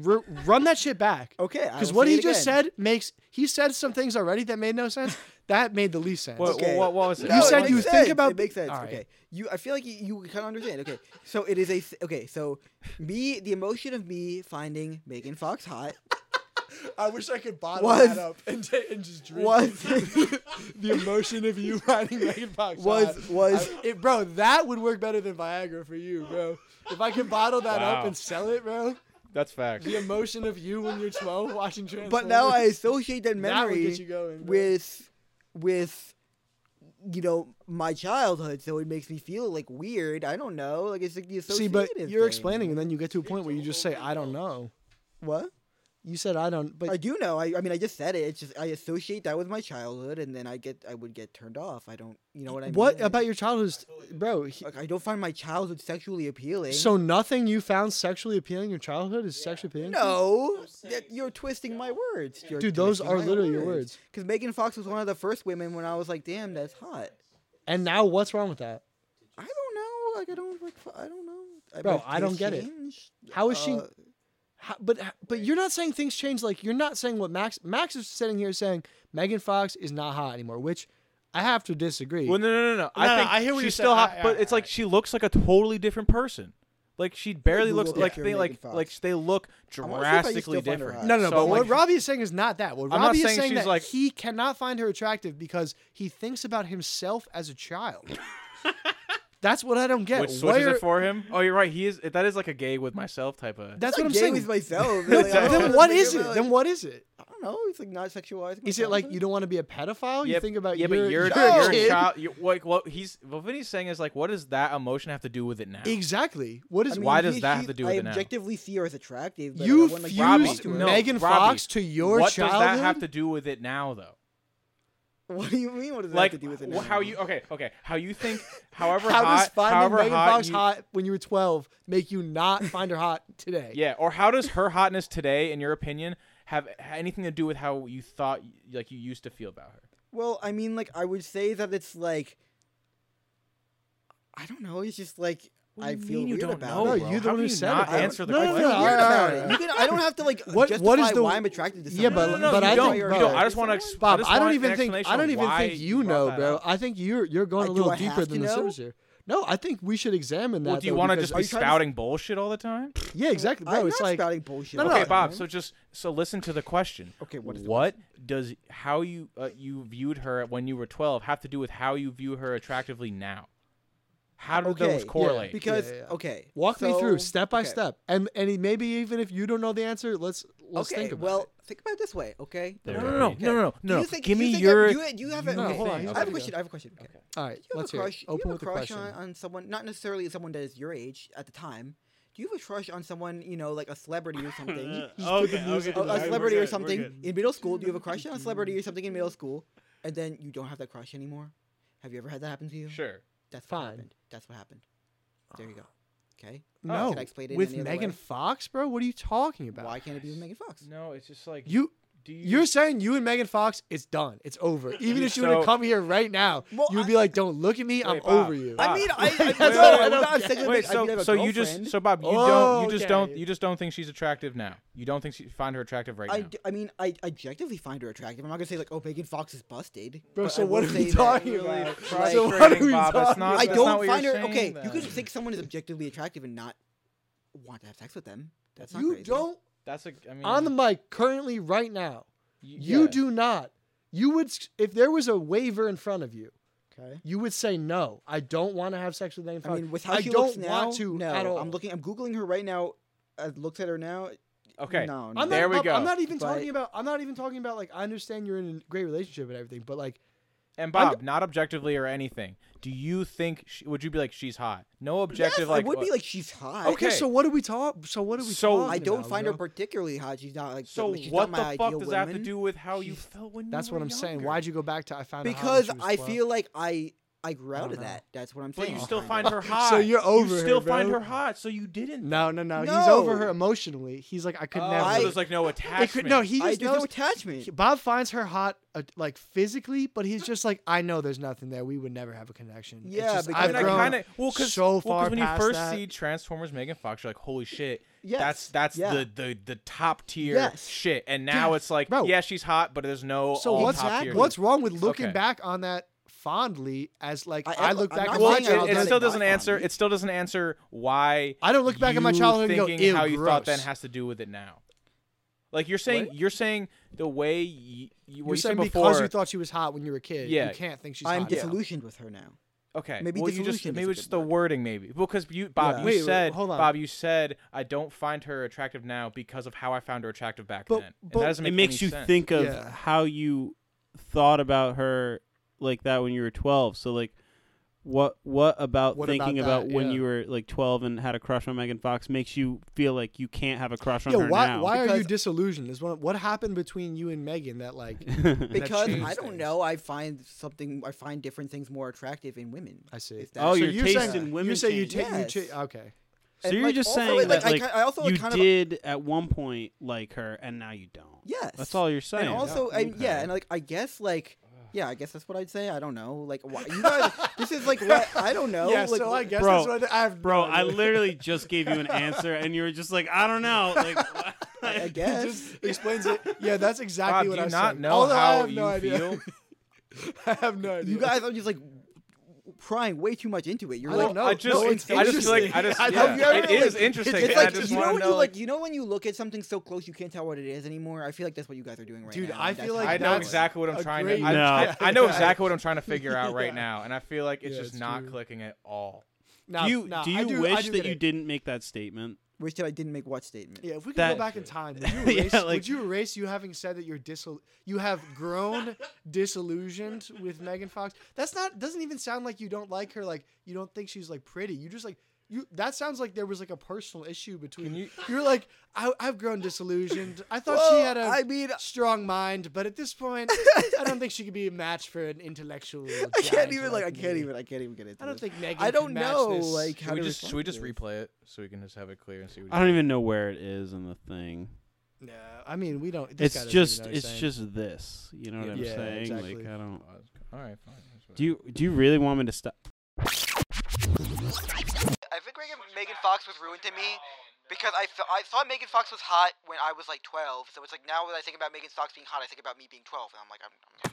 [SPEAKER 2] r- run that shit back.
[SPEAKER 1] Okay, I
[SPEAKER 2] because
[SPEAKER 1] will
[SPEAKER 2] what
[SPEAKER 1] say
[SPEAKER 2] he
[SPEAKER 1] it
[SPEAKER 2] just
[SPEAKER 1] again.
[SPEAKER 2] said makes he said some things already that made no sense. that made the least sense.
[SPEAKER 4] What-
[SPEAKER 1] Okay.
[SPEAKER 4] what, what was it?
[SPEAKER 2] You
[SPEAKER 1] No, it
[SPEAKER 2] said
[SPEAKER 1] makes
[SPEAKER 2] you
[SPEAKER 1] sense.
[SPEAKER 2] think about-
[SPEAKER 1] It makes sense.
[SPEAKER 2] All right.
[SPEAKER 1] Okay. You, I feel like you, you kind of understand. Okay. So it is a. s- Okay. So me, the emotion of me finding Megan Fox hot
[SPEAKER 2] I wish I could bottle
[SPEAKER 1] Was-
[SPEAKER 2] that up and, ta- and just drink.
[SPEAKER 1] was
[SPEAKER 2] the emotion of you riding Megan Fox
[SPEAKER 1] Was-
[SPEAKER 2] high.
[SPEAKER 1] was-
[SPEAKER 2] I- it, bro? That would work better than Viagra for you, bro. If I could bottle that up
[SPEAKER 4] Wow.
[SPEAKER 2] and sell it, bro,
[SPEAKER 4] That's fact.
[SPEAKER 2] the emotion of you when you're 12 watching Transformers.
[SPEAKER 1] but now I associate that
[SPEAKER 2] That would
[SPEAKER 1] memory
[SPEAKER 2] get you going, bro.
[SPEAKER 1] with with you know my childhood, so it makes me feel like weird. I don't know, like it's like the
[SPEAKER 2] see,
[SPEAKER 1] associative.
[SPEAKER 2] but you're
[SPEAKER 1] thing.
[SPEAKER 2] explaining, and then you get to a point where you just say, "I don't know."
[SPEAKER 1] what
[SPEAKER 2] You said, "I don't," but
[SPEAKER 1] I do know. I, I mean, I just said it. It's just I associate that with my childhood, and then I get I would get turned off. I don't, you know what I mean?
[SPEAKER 2] what
[SPEAKER 1] Like,
[SPEAKER 2] about your childhood, is- bro? he-
[SPEAKER 1] like I don't find my childhood sexually appealing.
[SPEAKER 2] so nothing you found sexually appealing in your childhood is sexually appealing. to you?
[SPEAKER 1] No, that- you're twisting my words. You're
[SPEAKER 2] Dude, those
[SPEAKER 1] twisting
[SPEAKER 2] are
[SPEAKER 1] my
[SPEAKER 2] literally your words.
[SPEAKER 1] Because Megan Fox was one of the first women when I was like, "Damn, that's hot."
[SPEAKER 2] And now, what's wrong with that?
[SPEAKER 1] I don't know. Like, I don't. Like, f- I don't know. I,
[SPEAKER 2] Bro,
[SPEAKER 1] my
[SPEAKER 2] I don't
[SPEAKER 1] taste
[SPEAKER 2] get it.
[SPEAKER 1] changed.
[SPEAKER 2] How is she?
[SPEAKER 1] Uh,
[SPEAKER 2] How, but but you're not saying things change. Like you're not saying what Max Max is sitting here saying. Megan Fox is not hot anymore, which I have to disagree.
[SPEAKER 4] Well, no, no, no, no. I
[SPEAKER 18] No, no,
[SPEAKER 4] think
[SPEAKER 18] I hear what
[SPEAKER 4] she's
[SPEAKER 18] you're
[SPEAKER 4] still
[SPEAKER 18] saying.
[SPEAKER 4] hot,
[SPEAKER 18] I-
[SPEAKER 4] but
[SPEAKER 18] I-
[SPEAKER 4] it's like she looks like a totally different person. Like she barely looks
[SPEAKER 1] Google
[SPEAKER 4] like
[SPEAKER 1] picture
[SPEAKER 4] they
[SPEAKER 1] of
[SPEAKER 4] like
[SPEAKER 1] Megan Fox.
[SPEAKER 4] like they look
[SPEAKER 1] wanna see if I can still
[SPEAKER 4] drastically
[SPEAKER 1] find her
[SPEAKER 4] different.
[SPEAKER 1] hot.
[SPEAKER 2] no, no, no,
[SPEAKER 4] So
[SPEAKER 2] but
[SPEAKER 4] I'm
[SPEAKER 2] what
[SPEAKER 4] like,
[SPEAKER 2] Robbie is saying is not that. What
[SPEAKER 4] not
[SPEAKER 2] Robbie is
[SPEAKER 4] saying
[SPEAKER 2] saying
[SPEAKER 4] she's
[SPEAKER 2] that
[SPEAKER 4] like-
[SPEAKER 2] he cannot find her attractive because he thinks about himself as a child. That's what I don't get.
[SPEAKER 4] which switches
[SPEAKER 2] Where-
[SPEAKER 4] it for him. Oh, you're right. He is. That is like a gay with myself type of.
[SPEAKER 2] that's
[SPEAKER 1] like
[SPEAKER 2] what I'm
[SPEAKER 1] gay
[SPEAKER 2] saying.
[SPEAKER 1] with myself.
[SPEAKER 2] But
[SPEAKER 1] Like, I don't
[SPEAKER 2] then
[SPEAKER 1] know,
[SPEAKER 2] what
[SPEAKER 1] like,
[SPEAKER 2] is
[SPEAKER 1] I'm
[SPEAKER 2] it?
[SPEAKER 1] like,
[SPEAKER 2] Then what is it?
[SPEAKER 1] I don't know. It's like not sexualizing.
[SPEAKER 2] Is it like you don't want to be a pedophile? You
[SPEAKER 4] Yeah,
[SPEAKER 2] think about
[SPEAKER 4] yeah,
[SPEAKER 2] your,
[SPEAKER 4] but you're
[SPEAKER 2] your
[SPEAKER 4] you're
[SPEAKER 2] kid?
[SPEAKER 4] a child. You're, like what he's what Vinny's saying is like, what does that emotion have to do with it now?
[SPEAKER 2] Exactly. What is
[SPEAKER 1] I mean,
[SPEAKER 4] why does
[SPEAKER 1] he-
[SPEAKER 4] that
[SPEAKER 1] she-
[SPEAKER 4] have to do
[SPEAKER 1] I
[SPEAKER 4] with it now?
[SPEAKER 1] objectively see her as attractive. But
[SPEAKER 2] You
[SPEAKER 1] I wouldn't, like,
[SPEAKER 4] Robbie,
[SPEAKER 1] talk
[SPEAKER 2] fused
[SPEAKER 1] to her.
[SPEAKER 4] no,
[SPEAKER 2] Megan
[SPEAKER 4] Robbie,
[SPEAKER 2] Fox to your
[SPEAKER 4] what does
[SPEAKER 2] childhood?
[SPEAKER 4] that have to do with it now, though?
[SPEAKER 1] What do you mean? What does
[SPEAKER 4] Like
[SPEAKER 1] that have to do with it?
[SPEAKER 4] wh-
[SPEAKER 1] now?
[SPEAKER 4] how you okay okay how you think however
[SPEAKER 2] how
[SPEAKER 4] hot
[SPEAKER 2] does finding
[SPEAKER 4] however
[SPEAKER 2] Megan
[SPEAKER 4] hot,
[SPEAKER 2] Fox
[SPEAKER 4] you-
[SPEAKER 2] hot when you were 12 make you not find her hot today?
[SPEAKER 4] yeah or how does her hotness today in your opinion have anything to do with how you thought like you used to feel about her?
[SPEAKER 1] Well, I mean, like I would say that it's like I don't know. It's just like
[SPEAKER 4] What do
[SPEAKER 1] I
[SPEAKER 4] you
[SPEAKER 1] feel
[SPEAKER 4] mean you
[SPEAKER 1] weird
[SPEAKER 4] don't
[SPEAKER 1] about
[SPEAKER 4] know,
[SPEAKER 2] No,
[SPEAKER 1] it.
[SPEAKER 4] bro?
[SPEAKER 2] you the
[SPEAKER 4] How
[SPEAKER 2] one
[SPEAKER 4] do
[SPEAKER 2] who
[SPEAKER 4] you
[SPEAKER 2] said
[SPEAKER 4] not
[SPEAKER 2] it.
[SPEAKER 4] answer the
[SPEAKER 2] No, no,
[SPEAKER 1] I
[SPEAKER 2] no,
[SPEAKER 4] question?
[SPEAKER 1] feel
[SPEAKER 2] all
[SPEAKER 1] weird
[SPEAKER 2] right, all
[SPEAKER 1] about
[SPEAKER 2] right,
[SPEAKER 1] it.
[SPEAKER 2] all
[SPEAKER 1] You
[SPEAKER 2] right.
[SPEAKER 1] can. I don't have to like
[SPEAKER 2] What- what is
[SPEAKER 1] justify
[SPEAKER 2] the-
[SPEAKER 1] why I'm attracted to
[SPEAKER 2] Yeah,
[SPEAKER 1] someone.
[SPEAKER 2] but-
[SPEAKER 4] No, no,
[SPEAKER 2] but
[SPEAKER 4] you
[SPEAKER 2] I
[SPEAKER 4] don't.
[SPEAKER 2] think,
[SPEAKER 4] you
[SPEAKER 2] bro-
[SPEAKER 4] don't. I just want to. Ex-
[SPEAKER 2] Bob,
[SPEAKER 4] just
[SPEAKER 2] I, don't
[SPEAKER 4] want
[SPEAKER 2] even
[SPEAKER 4] an
[SPEAKER 2] think I
[SPEAKER 4] explanation
[SPEAKER 2] don't even
[SPEAKER 4] why
[SPEAKER 2] think you
[SPEAKER 4] brought
[SPEAKER 2] know,
[SPEAKER 4] that
[SPEAKER 2] bro.
[SPEAKER 4] up.
[SPEAKER 2] I think you're you're going
[SPEAKER 1] Like, do
[SPEAKER 2] a little
[SPEAKER 1] I
[SPEAKER 2] deeper
[SPEAKER 1] have to
[SPEAKER 2] than the
[SPEAKER 1] know?
[SPEAKER 2] surface here. No, I think we should examine that.
[SPEAKER 4] Well, do you
[SPEAKER 2] though,
[SPEAKER 4] want to
[SPEAKER 2] because
[SPEAKER 4] just be
[SPEAKER 2] it's-
[SPEAKER 1] trying to s-
[SPEAKER 4] spouting bullshit all the time?
[SPEAKER 2] Yeah, exactly, bro.
[SPEAKER 1] I'm
[SPEAKER 2] it's
[SPEAKER 1] not
[SPEAKER 2] like
[SPEAKER 1] spouting bullshit.
[SPEAKER 2] No, no,
[SPEAKER 1] all
[SPEAKER 4] okay,
[SPEAKER 1] the
[SPEAKER 4] Bob.
[SPEAKER 1] time.
[SPEAKER 4] So just so listen to the question.
[SPEAKER 1] Okay, what is the
[SPEAKER 4] what does how you uh, you viewed her when you were twelve have to do with how you view her attractively now? How do
[SPEAKER 1] okay,
[SPEAKER 4] those correlate?
[SPEAKER 1] Yeah, because
[SPEAKER 2] Yeah, yeah.
[SPEAKER 1] okay,
[SPEAKER 2] walk me through
[SPEAKER 1] so-
[SPEAKER 2] step by
[SPEAKER 1] okay.
[SPEAKER 2] step, and and maybe even if you don't know the answer, let's let's
[SPEAKER 1] okay,
[SPEAKER 2] think about
[SPEAKER 1] well,
[SPEAKER 2] it.
[SPEAKER 1] think about it this way, okay?
[SPEAKER 4] no, no, no, no, no,
[SPEAKER 1] Do
[SPEAKER 4] no,
[SPEAKER 1] you
[SPEAKER 4] no.
[SPEAKER 1] think-
[SPEAKER 4] Give
[SPEAKER 1] do you
[SPEAKER 4] me
[SPEAKER 1] think
[SPEAKER 4] your.
[SPEAKER 1] I, you, do you have a,
[SPEAKER 2] No,
[SPEAKER 1] okay,
[SPEAKER 2] hold on,
[SPEAKER 1] I
[SPEAKER 2] he's
[SPEAKER 1] have
[SPEAKER 2] gotta
[SPEAKER 1] a
[SPEAKER 2] go.
[SPEAKER 1] question. I have a question. Okay.
[SPEAKER 2] All right,
[SPEAKER 1] Do you have
[SPEAKER 2] let's
[SPEAKER 1] a
[SPEAKER 2] hear. it.
[SPEAKER 1] crush? do you
[SPEAKER 2] Open
[SPEAKER 1] have a
[SPEAKER 2] with the
[SPEAKER 1] crush
[SPEAKER 2] question.
[SPEAKER 1] on, on someone, not necessarily someone that is your age at the time. Do you have a crush on someone, you know, like a celebrity or something?
[SPEAKER 3] okay, okay.
[SPEAKER 1] a, a
[SPEAKER 3] alright, we're
[SPEAKER 1] celebrity
[SPEAKER 3] good,
[SPEAKER 1] or
[SPEAKER 3] we're
[SPEAKER 1] something
[SPEAKER 3] good.
[SPEAKER 1] in middle school? Do you have a crush on a celebrity or something in middle school, and then you don't have that crush anymore? Have you ever had that happen to you?
[SPEAKER 4] Sure.
[SPEAKER 1] That's
[SPEAKER 2] Fine.
[SPEAKER 1] What happened. That's what happened. There you go. Okay.
[SPEAKER 2] No,
[SPEAKER 1] Can I explain it in
[SPEAKER 2] with
[SPEAKER 1] any other
[SPEAKER 2] Megan
[SPEAKER 1] way?
[SPEAKER 2] Fox, bro. What are you talking about?
[SPEAKER 1] Why can't it be with Megan Fox?
[SPEAKER 4] No, it's just like
[SPEAKER 2] You
[SPEAKER 4] Do you?
[SPEAKER 2] you're saying you and Megan Fox, it's done, it's over. Even if you were
[SPEAKER 4] So-
[SPEAKER 2] to come here right now,
[SPEAKER 1] Well,
[SPEAKER 2] you'd
[SPEAKER 1] I-
[SPEAKER 2] be like, "Don't look at me, I'm
[SPEAKER 4] Bob.
[SPEAKER 2] over you."
[SPEAKER 4] Bob.
[SPEAKER 1] I mean, I, I,
[SPEAKER 2] Wait,
[SPEAKER 1] no,
[SPEAKER 2] wait,
[SPEAKER 1] I'm
[SPEAKER 2] wait,
[SPEAKER 1] not
[SPEAKER 2] okay.
[SPEAKER 1] saying that
[SPEAKER 4] Wait,
[SPEAKER 1] I mean, I have
[SPEAKER 4] so
[SPEAKER 1] a
[SPEAKER 4] so you just
[SPEAKER 1] girlfriend.
[SPEAKER 4] so Bob, you
[SPEAKER 2] Oh,
[SPEAKER 4] don't you just
[SPEAKER 2] okay.
[SPEAKER 4] don't you just don't think she's attractive now. You don't think she find her attractive right
[SPEAKER 1] I,
[SPEAKER 4] now.
[SPEAKER 1] d- I mean, I objectively find her attractive. I'm not gonna say like, oh, Megan Fox is busted.
[SPEAKER 2] Bro,
[SPEAKER 1] but
[SPEAKER 2] so
[SPEAKER 1] I
[SPEAKER 2] what
[SPEAKER 1] will
[SPEAKER 2] are
[SPEAKER 1] say
[SPEAKER 2] we
[SPEAKER 1] that-
[SPEAKER 2] talking about?
[SPEAKER 1] Like,
[SPEAKER 2] so what are
[SPEAKER 4] frustrating,
[SPEAKER 2] we
[SPEAKER 4] Bob. That's
[SPEAKER 2] talking
[SPEAKER 4] not-
[SPEAKER 1] I
[SPEAKER 4] that's
[SPEAKER 1] don't
[SPEAKER 4] not what you're
[SPEAKER 1] find her.
[SPEAKER 4] saying,
[SPEAKER 1] Okay, you
[SPEAKER 4] then.
[SPEAKER 1] could think someone is objectively attractive and not want to have sex with them. That's not
[SPEAKER 2] You
[SPEAKER 1] crazy.
[SPEAKER 2] don't
[SPEAKER 4] That's a I mean
[SPEAKER 2] on the mic currently right now.
[SPEAKER 4] y-
[SPEAKER 2] You
[SPEAKER 4] yeah.
[SPEAKER 2] do not. You would s- if there was a waiver in front of you.
[SPEAKER 1] Okay.
[SPEAKER 2] You would say no. I don't want to have sex with Megan
[SPEAKER 1] I
[SPEAKER 2] Fox.
[SPEAKER 1] mean, with how she
[SPEAKER 2] don't
[SPEAKER 1] looks now,
[SPEAKER 2] want to
[SPEAKER 1] no,
[SPEAKER 2] at all.
[SPEAKER 1] I'm looking. I'm googling her right now. I looked at her now.
[SPEAKER 4] Okay.
[SPEAKER 1] No, no.
[SPEAKER 2] I'm not,
[SPEAKER 4] There we
[SPEAKER 2] Bob, I'm
[SPEAKER 4] go.
[SPEAKER 2] not even
[SPEAKER 1] But-
[SPEAKER 2] talking about. I'm not even talking about like. I understand you're in a great relationship and everything, but like,
[SPEAKER 4] And Bob, not objectively or anything. Do you think she, would you be like she's hot? No objective
[SPEAKER 1] yes,
[SPEAKER 4] like uh,
[SPEAKER 1] I would
[SPEAKER 4] what-
[SPEAKER 1] be like she's hot.
[SPEAKER 2] okay,
[SPEAKER 4] Okay.
[SPEAKER 2] so what do we talk? So what do we?
[SPEAKER 4] So-
[SPEAKER 2] talking
[SPEAKER 1] I don't
[SPEAKER 2] about,
[SPEAKER 1] find
[SPEAKER 2] bro?
[SPEAKER 1] her particularly hot. She's not like
[SPEAKER 4] So
[SPEAKER 1] she's not
[SPEAKER 4] what
[SPEAKER 1] my
[SPEAKER 4] the fuck
[SPEAKER 1] ideal
[SPEAKER 4] does that have to
[SPEAKER 1] woman.
[SPEAKER 4] do with how you
[SPEAKER 1] She's-
[SPEAKER 4] felt when you
[SPEAKER 2] That's
[SPEAKER 4] were
[SPEAKER 2] what I'm saying.
[SPEAKER 4] younger?
[SPEAKER 2] Why'd you go back to I found out how
[SPEAKER 1] Because
[SPEAKER 2] she was
[SPEAKER 1] I
[SPEAKER 2] 12?
[SPEAKER 1] feel like I I grew out of that. That's what I'm
[SPEAKER 4] But
[SPEAKER 1] saying.
[SPEAKER 4] you still find her hot.
[SPEAKER 2] So you're over
[SPEAKER 4] You
[SPEAKER 2] her,
[SPEAKER 4] still find
[SPEAKER 2] bro.
[SPEAKER 4] her hot. So you didn't.
[SPEAKER 2] No, no, no, He's
[SPEAKER 1] No.
[SPEAKER 2] over her emotionally. He's like, I could never.
[SPEAKER 1] I-
[SPEAKER 4] so there's like no
[SPEAKER 2] It
[SPEAKER 4] attachment.
[SPEAKER 2] could, no, he
[SPEAKER 1] I
[SPEAKER 2] just
[SPEAKER 1] there's no
[SPEAKER 2] knows.
[SPEAKER 1] attachment.
[SPEAKER 2] Bob finds her hot, uh, like physically, but he's just like, I know there's nothing there. We would never have a connection. It's
[SPEAKER 1] Yeah,
[SPEAKER 2] just,
[SPEAKER 1] because-
[SPEAKER 4] I
[SPEAKER 2] I've
[SPEAKER 4] mean, I
[SPEAKER 2] grown
[SPEAKER 4] kind of well, cause,
[SPEAKER 2] so
[SPEAKER 4] well, 'cause
[SPEAKER 2] far
[SPEAKER 4] when you
[SPEAKER 2] past
[SPEAKER 4] first
[SPEAKER 2] that.
[SPEAKER 4] see Transformers Megan Fox, you're like, holy shit,
[SPEAKER 1] Yes.
[SPEAKER 4] that's that's
[SPEAKER 1] Yeah.
[SPEAKER 4] the, the the top tier
[SPEAKER 1] Yes.
[SPEAKER 4] shit. And now
[SPEAKER 2] Yes.
[SPEAKER 4] it's like,
[SPEAKER 2] Bro.
[SPEAKER 4] yeah, she's hot, but there's no
[SPEAKER 2] So
[SPEAKER 4] all
[SPEAKER 2] what's
[SPEAKER 4] top tier.
[SPEAKER 2] what's wrong with looking
[SPEAKER 4] okay.
[SPEAKER 2] back on that fondly as like
[SPEAKER 1] I
[SPEAKER 2] I,
[SPEAKER 1] am-
[SPEAKER 2] look
[SPEAKER 1] I'm
[SPEAKER 2] back
[SPEAKER 1] not
[SPEAKER 2] at
[SPEAKER 4] well,
[SPEAKER 2] my
[SPEAKER 1] saying
[SPEAKER 4] it,
[SPEAKER 1] I was
[SPEAKER 4] it
[SPEAKER 1] not
[SPEAKER 2] childhood?
[SPEAKER 4] still
[SPEAKER 1] in my
[SPEAKER 4] doesn't answer.
[SPEAKER 1] body.
[SPEAKER 4] It still doesn't answer why.
[SPEAKER 2] I don't look back at my
[SPEAKER 4] you
[SPEAKER 2] childhood and go,
[SPEAKER 4] thinking
[SPEAKER 2] "Ew,
[SPEAKER 4] how you thought
[SPEAKER 2] gross."
[SPEAKER 4] that has to do with it now. Like you're saying, you're saying the way you, you were
[SPEAKER 2] You're saying
[SPEAKER 4] before.
[SPEAKER 2] because you thought she was hot when you were a kid,
[SPEAKER 4] Yeah.
[SPEAKER 2] you can't think she's
[SPEAKER 1] I'm
[SPEAKER 2] hot. now.
[SPEAKER 1] disillusioned with her now.
[SPEAKER 4] Okay.
[SPEAKER 1] Maybe
[SPEAKER 4] well, you just
[SPEAKER 1] disillusioned is
[SPEAKER 4] maybe
[SPEAKER 1] a
[SPEAKER 4] it's just
[SPEAKER 1] good
[SPEAKER 4] the
[SPEAKER 1] word.
[SPEAKER 4] wording, maybe because you Bob,
[SPEAKER 2] Yeah.
[SPEAKER 4] you
[SPEAKER 2] Wait, wait,
[SPEAKER 4] said
[SPEAKER 2] hold on.
[SPEAKER 4] Bob, you said I don't find her attractive now because of how I found her attractive back
[SPEAKER 2] But-
[SPEAKER 4] then.
[SPEAKER 2] but-
[SPEAKER 4] and that doesn't make
[SPEAKER 3] it makes
[SPEAKER 4] any
[SPEAKER 3] you
[SPEAKER 4] sense.
[SPEAKER 3] think of
[SPEAKER 2] Yeah.
[SPEAKER 3] how you thought about her like that when you were 12 so like what what about
[SPEAKER 2] What about
[SPEAKER 3] thinking
[SPEAKER 2] that?
[SPEAKER 3] about, when
[SPEAKER 2] Yeah.
[SPEAKER 3] you were like 12 and had a crush on Megan Fox makes you feel like you can't have a crush on
[SPEAKER 2] Yeah,
[SPEAKER 3] her
[SPEAKER 2] why
[SPEAKER 3] now
[SPEAKER 2] why are you
[SPEAKER 1] Because-
[SPEAKER 2] disillusioned? Is what what happened between you and Megan that like
[SPEAKER 1] Because
[SPEAKER 2] changed
[SPEAKER 1] I don't
[SPEAKER 2] things.
[SPEAKER 1] know, I find something. I find different things more attractive in women.
[SPEAKER 2] I see.
[SPEAKER 1] If that-
[SPEAKER 3] oh
[SPEAKER 2] so
[SPEAKER 3] your
[SPEAKER 2] you're
[SPEAKER 3] taste
[SPEAKER 2] saying,
[SPEAKER 3] in women
[SPEAKER 2] You say you
[SPEAKER 3] changed.
[SPEAKER 2] take you
[SPEAKER 1] Yes.
[SPEAKER 2] cha- okay.
[SPEAKER 3] so
[SPEAKER 1] And,
[SPEAKER 3] you're
[SPEAKER 1] like,
[SPEAKER 3] just
[SPEAKER 1] also,
[SPEAKER 3] saying
[SPEAKER 1] like,
[SPEAKER 3] that
[SPEAKER 1] I
[SPEAKER 3] like,
[SPEAKER 1] ki- I also, like,
[SPEAKER 3] you
[SPEAKER 1] kind of-
[SPEAKER 3] did at one point like her and now you don't
[SPEAKER 1] Yes.
[SPEAKER 3] that's all you're saying
[SPEAKER 1] And also, I, yeah, and like I guess like. Yeah, I guess that's what I'd say. I don't know. Like, why you guys? this is like what I don't know.
[SPEAKER 2] yeah,
[SPEAKER 1] like,
[SPEAKER 2] so I guess
[SPEAKER 3] Bro,
[SPEAKER 2] that's what I have
[SPEAKER 3] bro
[SPEAKER 2] no
[SPEAKER 3] I
[SPEAKER 2] idea.
[SPEAKER 3] literally just gave you an answer and you were just like I don't know like
[SPEAKER 1] I guess.
[SPEAKER 2] just explains it. Yeah, that's
[SPEAKER 4] Bob,
[SPEAKER 2] exactly
[SPEAKER 4] do
[SPEAKER 2] what
[SPEAKER 4] you
[SPEAKER 2] I was
[SPEAKER 4] not
[SPEAKER 2] saying.
[SPEAKER 4] know
[SPEAKER 2] Although I
[SPEAKER 4] how
[SPEAKER 2] have
[SPEAKER 4] you
[SPEAKER 2] no idea.
[SPEAKER 4] feel?
[SPEAKER 2] I have no idea.
[SPEAKER 1] you guys are just like prying way too much into it. You're
[SPEAKER 2] I
[SPEAKER 1] like,
[SPEAKER 2] don't know.
[SPEAKER 4] I just,
[SPEAKER 2] No, it's
[SPEAKER 4] I just feel like I
[SPEAKER 2] interesting.
[SPEAKER 4] just,
[SPEAKER 2] I
[SPEAKER 4] yeah,
[SPEAKER 2] love you
[SPEAKER 4] it
[SPEAKER 2] every-
[SPEAKER 4] is
[SPEAKER 2] like,
[SPEAKER 4] interesting.
[SPEAKER 1] It's
[SPEAKER 4] and I
[SPEAKER 1] like
[SPEAKER 4] just
[SPEAKER 1] you know
[SPEAKER 4] want to
[SPEAKER 1] when you
[SPEAKER 4] know.
[SPEAKER 1] like you know when you look at something so close you can't tell what it is anymore. I feel like that's what you guys are doing right
[SPEAKER 2] Dude,
[SPEAKER 1] now.
[SPEAKER 2] I
[SPEAKER 1] and
[SPEAKER 2] feel
[SPEAKER 1] that's
[SPEAKER 2] like
[SPEAKER 4] I
[SPEAKER 1] not
[SPEAKER 4] know
[SPEAKER 1] good.
[SPEAKER 2] that's
[SPEAKER 4] exactly what I'm
[SPEAKER 2] a
[SPEAKER 4] trying
[SPEAKER 2] great-
[SPEAKER 4] to. I,
[SPEAKER 3] No.
[SPEAKER 4] I, I know exactly what I'm trying to figure out right now, and I feel like it's
[SPEAKER 2] Yeah,
[SPEAKER 4] just
[SPEAKER 2] it's
[SPEAKER 4] not
[SPEAKER 2] true.
[SPEAKER 4] clicking at all.
[SPEAKER 2] Nah,
[SPEAKER 3] do you
[SPEAKER 2] nah,
[SPEAKER 3] do
[SPEAKER 2] I
[SPEAKER 3] you
[SPEAKER 2] do, I
[SPEAKER 3] wish
[SPEAKER 2] do
[SPEAKER 3] that
[SPEAKER 2] get
[SPEAKER 3] you
[SPEAKER 2] it.
[SPEAKER 3] didn't make that statement?
[SPEAKER 1] Wish that I didn't make what statement.
[SPEAKER 2] Yeah, if we could
[SPEAKER 3] That-
[SPEAKER 2] go back in time, would you,
[SPEAKER 3] Yeah,
[SPEAKER 2] erase,
[SPEAKER 3] like-
[SPEAKER 2] would you erase you having said that you're disil- you have grown disillusioned with Megan Fox? That's not doesn't even sound like you don't like her. Like you don't think she's like pretty. You just like you. That sounds like there was like a personal issue between you. You're like I, I've grown disillusioned. I thought she
[SPEAKER 1] Well,
[SPEAKER 2] had a
[SPEAKER 1] I mean- uh,
[SPEAKER 2] strong mind, but at this point, I don't think she could be a match for an intellectual.
[SPEAKER 1] I can't even like I can't even I can't even get into.
[SPEAKER 2] I don't
[SPEAKER 1] this.
[SPEAKER 2] think Megan.
[SPEAKER 1] I don't
[SPEAKER 2] can match
[SPEAKER 1] know.
[SPEAKER 2] this.
[SPEAKER 1] Like how
[SPEAKER 4] Should we
[SPEAKER 1] to
[SPEAKER 4] just, should
[SPEAKER 1] respond
[SPEAKER 4] we
[SPEAKER 1] to
[SPEAKER 4] just
[SPEAKER 1] this.
[SPEAKER 4] replay it so we can just have it clear and see what?
[SPEAKER 3] I don't even know where it is in the thing.
[SPEAKER 2] no. I mean, we don't. This guy doesn't even
[SPEAKER 3] It's just
[SPEAKER 2] know what he's
[SPEAKER 3] it's
[SPEAKER 2] saying.
[SPEAKER 3] just this. You know what
[SPEAKER 2] Yeah,
[SPEAKER 3] I'm
[SPEAKER 2] yeah,
[SPEAKER 3] saying?
[SPEAKER 2] exactly.
[SPEAKER 3] Like I don't.
[SPEAKER 4] All right, fine.
[SPEAKER 3] Do you do you really want me to stop?
[SPEAKER 1] I think Megan, Megan Fox was ruined to me because I, fe- I thought Megan Fox was hot when I was like 12. So it's like now when I think about Megan Fox being hot, I think about me being 12. And I'm like, I'm. I'm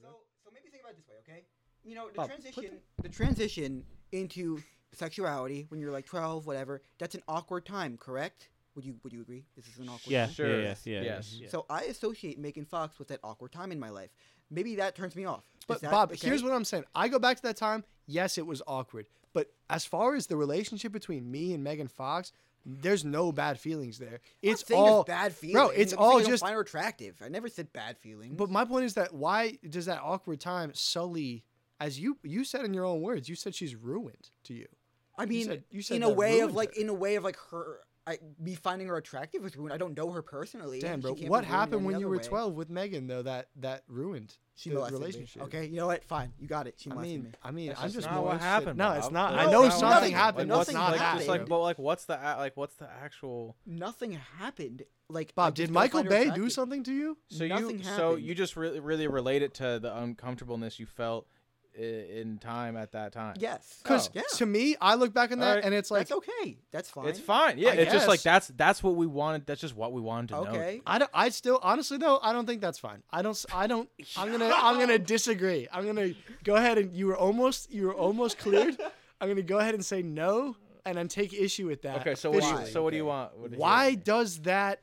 [SPEAKER 1] so, so maybe think about it this way, okay? You know, the
[SPEAKER 2] Bob, put
[SPEAKER 1] transition the transition into sexuality when you're like 12, whatever, that's an awkward time, correct? Would you would you agree? This is an awkward
[SPEAKER 3] Yeah,
[SPEAKER 1] time.
[SPEAKER 4] Sure.
[SPEAKER 3] yeah, yeah, yeah,
[SPEAKER 4] Yes.
[SPEAKER 3] yeah.
[SPEAKER 1] So I associate Megan Fox with that awkward time in my life. Maybe that turns me off. Is
[SPEAKER 2] But
[SPEAKER 1] that
[SPEAKER 2] Bob,
[SPEAKER 1] okay?
[SPEAKER 2] here's what I'm saying. I go back to that time. Yes, it was awkward. But as far as the relationship between me and Megan Fox, there's no bad feelings there. It's
[SPEAKER 1] saying
[SPEAKER 2] all
[SPEAKER 1] there's bad feelings.
[SPEAKER 2] Bro, it's
[SPEAKER 1] I'm saying
[SPEAKER 2] all
[SPEAKER 1] I don't
[SPEAKER 2] just.
[SPEAKER 1] find her attractive. I never said bad feelings.
[SPEAKER 2] But my point is that why does that awkward time sully? As you you said in your own words, you said she's ruined to you.
[SPEAKER 1] I mean,
[SPEAKER 2] said- you said
[SPEAKER 1] in a
[SPEAKER 2] that
[SPEAKER 1] way of
[SPEAKER 2] ruined
[SPEAKER 1] like,
[SPEAKER 2] her.
[SPEAKER 1] in a way of like her, I, me finding her attractive was ruined. I don't know her personally.
[SPEAKER 2] Damn,
[SPEAKER 1] She
[SPEAKER 2] bro,
[SPEAKER 1] can't be
[SPEAKER 2] what
[SPEAKER 1] ruined in
[SPEAKER 2] happened
[SPEAKER 1] any
[SPEAKER 2] when you
[SPEAKER 1] other
[SPEAKER 2] were
[SPEAKER 1] way.
[SPEAKER 2] 12 with Megan though? That that ruined
[SPEAKER 1] She
[SPEAKER 2] the
[SPEAKER 1] molested
[SPEAKER 2] relationship.
[SPEAKER 1] me. Okay, you know what? Fine, you got it. She
[SPEAKER 2] I
[SPEAKER 1] molested
[SPEAKER 2] mean,
[SPEAKER 1] me.
[SPEAKER 2] I mean,
[SPEAKER 4] That's
[SPEAKER 2] I'm
[SPEAKER 4] just
[SPEAKER 2] just
[SPEAKER 4] not
[SPEAKER 2] more
[SPEAKER 4] what
[SPEAKER 2] upset.
[SPEAKER 4] happened,
[SPEAKER 2] No,
[SPEAKER 4] Bob.
[SPEAKER 2] it's not.
[SPEAKER 1] That's
[SPEAKER 2] I know
[SPEAKER 1] not what
[SPEAKER 2] something
[SPEAKER 1] happened.
[SPEAKER 2] happened.
[SPEAKER 1] Like,
[SPEAKER 2] What's
[SPEAKER 1] nothing
[SPEAKER 2] not happened?
[SPEAKER 4] like,
[SPEAKER 1] happened.
[SPEAKER 4] Just like, but like, what's the a- like, what's the actual?
[SPEAKER 1] Nothing happened. Like, I
[SPEAKER 2] Bob,
[SPEAKER 1] just
[SPEAKER 2] did
[SPEAKER 1] don't
[SPEAKER 2] Michael
[SPEAKER 1] find her
[SPEAKER 2] Bay do
[SPEAKER 1] attractive.
[SPEAKER 2] something to you?
[SPEAKER 4] So
[SPEAKER 1] Nothing
[SPEAKER 4] you so
[SPEAKER 1] happened.
[SPEAKER 4] you just really really relate it to the uncomfortableness you felt i- in time at that time.
[SPEAKER 1] Yes. Oh,
[SPEAKER 2] Because
[SPEAKER 1] yeah,
[SPEAKER 2] to me, I look back on that
[SPEAKER 4] Alright.
[SPEAKER 2] and it's like
[SPEAKER 1] that's okay. That's fine.
[SPEAKER 4] It's fine. Yeah,
[SPEAKER 2] I
[SPEAKER 4] it's just like
[SPEAKER 2] guess.
[SPEAKER 4] that's that's what we wanted. That's just what we wanted to know.
[SPEAKER 1] Okay.
[SPEAKER 2] I don't. I still honestly though I don't think that's fine. I don't. s- I don't. I'm gonna. I'm gonna disagree. I'm gonna go ahead and you were almost. You were almost cleared. I'm gonna go ahead and say no and then take issue with that.
[SPEAKER 4] Okay, so what do you,
[SPEAKER 2] Uh, officially.
[SPEAKER 4] so what do you want? What do you
[SPEAKER 2] Why
[SPEAKER 4] want?
[SPEAKER 2] does that?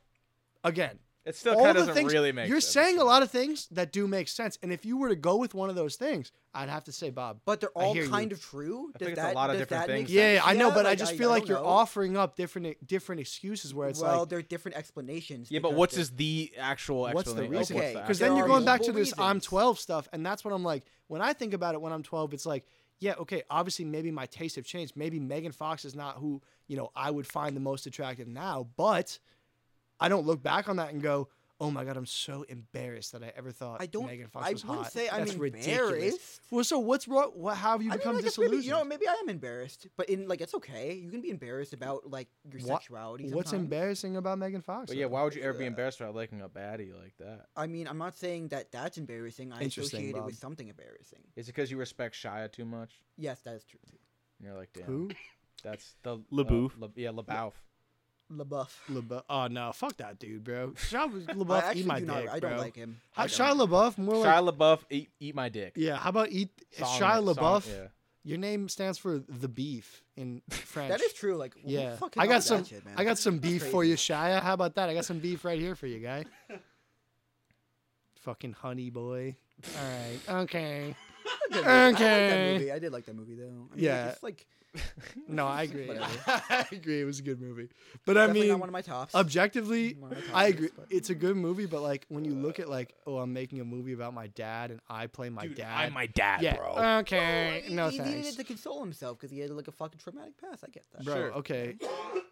[SPEAKER 2] Again,
[SPEAKER 4] It still
[SPEAKER 2] all
[SPEAKER 4] kind
[SPEAKER 2] the
[SPEAKER 4] of doesn't
[SPEAKER 2] things
[SPEAKER 4] really make.
[SPEAKER 2] you're
[SPEAKER 4] sense.
[SPEAKER 2] saying a lot of things that do make sense, and if you were to go with one of those things, I'd have to say, Bob.
[SPEAKER 1] But they're
[SPEAKER 2] I
[SPEAKER 1] all
[SPEAKER 2] hear you.
[SPEAKER 1] kind of true.
[SPEAKER 4] I
[SPEAKER 1] Does
[SPEAKER 4] think it's a
[SPEAKER 1] that,
[SPEAKER 4] lot of
[SPEAKER 1] does
[SPEAKER 4] different
[SPEAKER 1] that make
[SPEAKER 4] things.
[SPEAKER 2] Yeah,
[SPEAKER 1] sense?
[SPEAKER 2] I know, but I
[SPEAKER 1] like,
[SPEAKER 2] just feel
[SPEAKER 1] I
[SPEAKER 2] like
[SPEAKER 1] don't
[SPEAKER 2] you're
[SPEAKER 1] know.
[SPEAKER 2] offering up different different excuses where it's
[SPEAKER 1] well,
[SPEAKER 2] like
[SPEAKER 1] there are different explanations.
[SPEAKER 4] Yeah, but
[SPEAKER 1] because
[SPEAKER 4] what's
[SPEAKER 1] they're-
[SPEAKER 4] is the actual
[SPEAKER 2] What's the
[SPEAKER 4] explanation?
[SPEAKER 2] reason?
[SPEAKER 1] Okay,
[SPEAKER 4] the
[SPEAKER 2] Because
[SPEAKER 1] There
[SPEAKER 2] then you're
[SPEAKER 1] are
[SPEAKER 2] going back to
[SPEAKER 1] multiple
[SPEAKER 2] this I'm
[SPEAKER 1] reasons.
[SPEAKER 2] 12 stuff, and that's what I'm like. When I think about it, when I'm 12, it's like, yeah, okay, obviously maybe my tastes have changed. Maybe Megan Fox is not who you know I would find the most attractive now, but I don't look back on that and go, oh my god, I'm so embarrassed that I ever thought
[SPEAKER 1] I don't.
[SPEAKER 2] Megan Fox
[SPEAKER 1] I
[SPEAKER 2] was
[SPEAKER 1] wouldn't
[SPEAKER 2] hot.
[SPEAKER 1] say I'm
[SPEAKER 2] That's
[SPEAKER 1] embarrassed.
[SPEAKER 2] ridiculous. Well, so what's wrong? What, how have you
[SPEAKER 1] I mean,
[SPEAKER 2] become
[SPEAKER 1] like, it's
[SPEAKER 2] disillusioned?
[SPEAKER 1] maybe, you know, maybe I am embarrassed, but in like it's okay. You can be embarrassed about like your
[SPEAKER 2] What-
[SPEAKER 1] sexuality.
[SPEAKER 2] What's
[SPEAKER 1] sometimes.
[SPEAKER 2] embarrassing about Megan Fox?
[SPEAKER 4] But yeah,
[SPEAKER 2] though?
[SPEAKER 4] why would you ever be embarrassed about liking a baddie like that?
[SPEAKER 1] I mean, I'm not saying that that's embarrassing. I
[SPEAKER 2] Interesting,
[SPEAKER 1] associate it
[SPEAKER 2] Bob.
[SPEAKER 1] with something embarrassing.
[SPEAKER 4] Is it because you respect Shia too much?
[SPEAKER 1] Yes, that is true.
[SPEAKER 4] And you're like, damn,
[SPEAKER 2] Who?
[SPEAKER 4] that's the
[SPEAKER 3] LaBeouf.
[SPEAKER 4] Uh, La, yeah, LaBeouf.
[SPEAKER 1] LaBeouf.
[SPEAKER 2] LaBeouf. Oh no, fuck that dude, bro. Shia
[SPEAKER 1] I
[SPEAKER 2] LaBeouf,
[SPEAKER 1] actually
[SPEAKER 2] eat my
[SPEAKER 1] do
[SPEAKER 2] dick,
[SPEAKER 1] not. I don't
[SPEAKER 2] bro.
[SPEAKER 1] like um, him.
[SPEAKER 2] How,
[SPEAKER 1] I
[SPEAKER 2] Shia
[SPEAKER 1] don't.
[SPEAKER 2] LaBeouf, more like
[SPEAKER 4] Shia LaBeouf, eat, eat my dick.
[SPEAKER 2] yeah. How about eat Shia
[SPEAKER 4] Song it- song-
[SPEAKER 2] LaBeouf?
[SPEAKER 4] yeah.
[SPEAKER 2] Your name stands for the beef in French.
[SPEAKER 1] That is true. Like, well,
[SPEAKER 2] Yeah,
[SPEAKER 1] fucking
[SPEAKER 2] I
[SPEAKER 1] love
[SPEAKER 2] got
[SPEAKER 1] that
[SPEAKER 2] some.
[SPEAKER 1] shit, man.
[SPEAKER 2] I got some
[SPEAKER 1] That's
[SPEAKER 2] beef for you, Shia. How about that? I got some beef right here for you, guy. Fucking honey boy. All right. Okay.
[SPEAKER 1] crazy. I like that
[SPEAKER 2] Okay.
[SPEAKER 1] movie. I did like that movie though. I mean, like,
[SPEAKER 2] Yeah.
[SPEAKER 1] it's like
[SPEAKER 2] No, I agree.
[SPEAKER 1] Whatever.
[SPEAKER 2] I agree. It was a good movie, but I
[SPEAKER 1] definitely not
[SPEAKER 2] mean,
[SPEAKER 1] one of my tops.
[SPEAKER 2] objectively,
[SPEAKER 1] One of my top
[SPEAKER 2] I
[SPEAKER 1] picks,
[SPEAKER 2] agree.
[SPEAKER 1] but- Uh,
[SPEAKER 2] It's a good movie, but like when you look at like, oh, I'm making a movie about my dad and I play my
[SPEAKER 10] Dude,
[SPEAKER 2] dad.
[SPEAKER 10] I'm my dad,
[SPEAKER 2] yeah.
[SPEAKER 10] bro.
[SPEAKER 4] Uh,
[SPEAKER 2] Okay.
[SPEAKER 1] He-
[SPEAKER 2] no
[SPEAKER 1] he needed
[SPEAKER 2] thanks.
[SPEAKER 1] it to console himself because he had like a fucking traumatic past. I get that.
[SPEAKER 2] Bro, okay.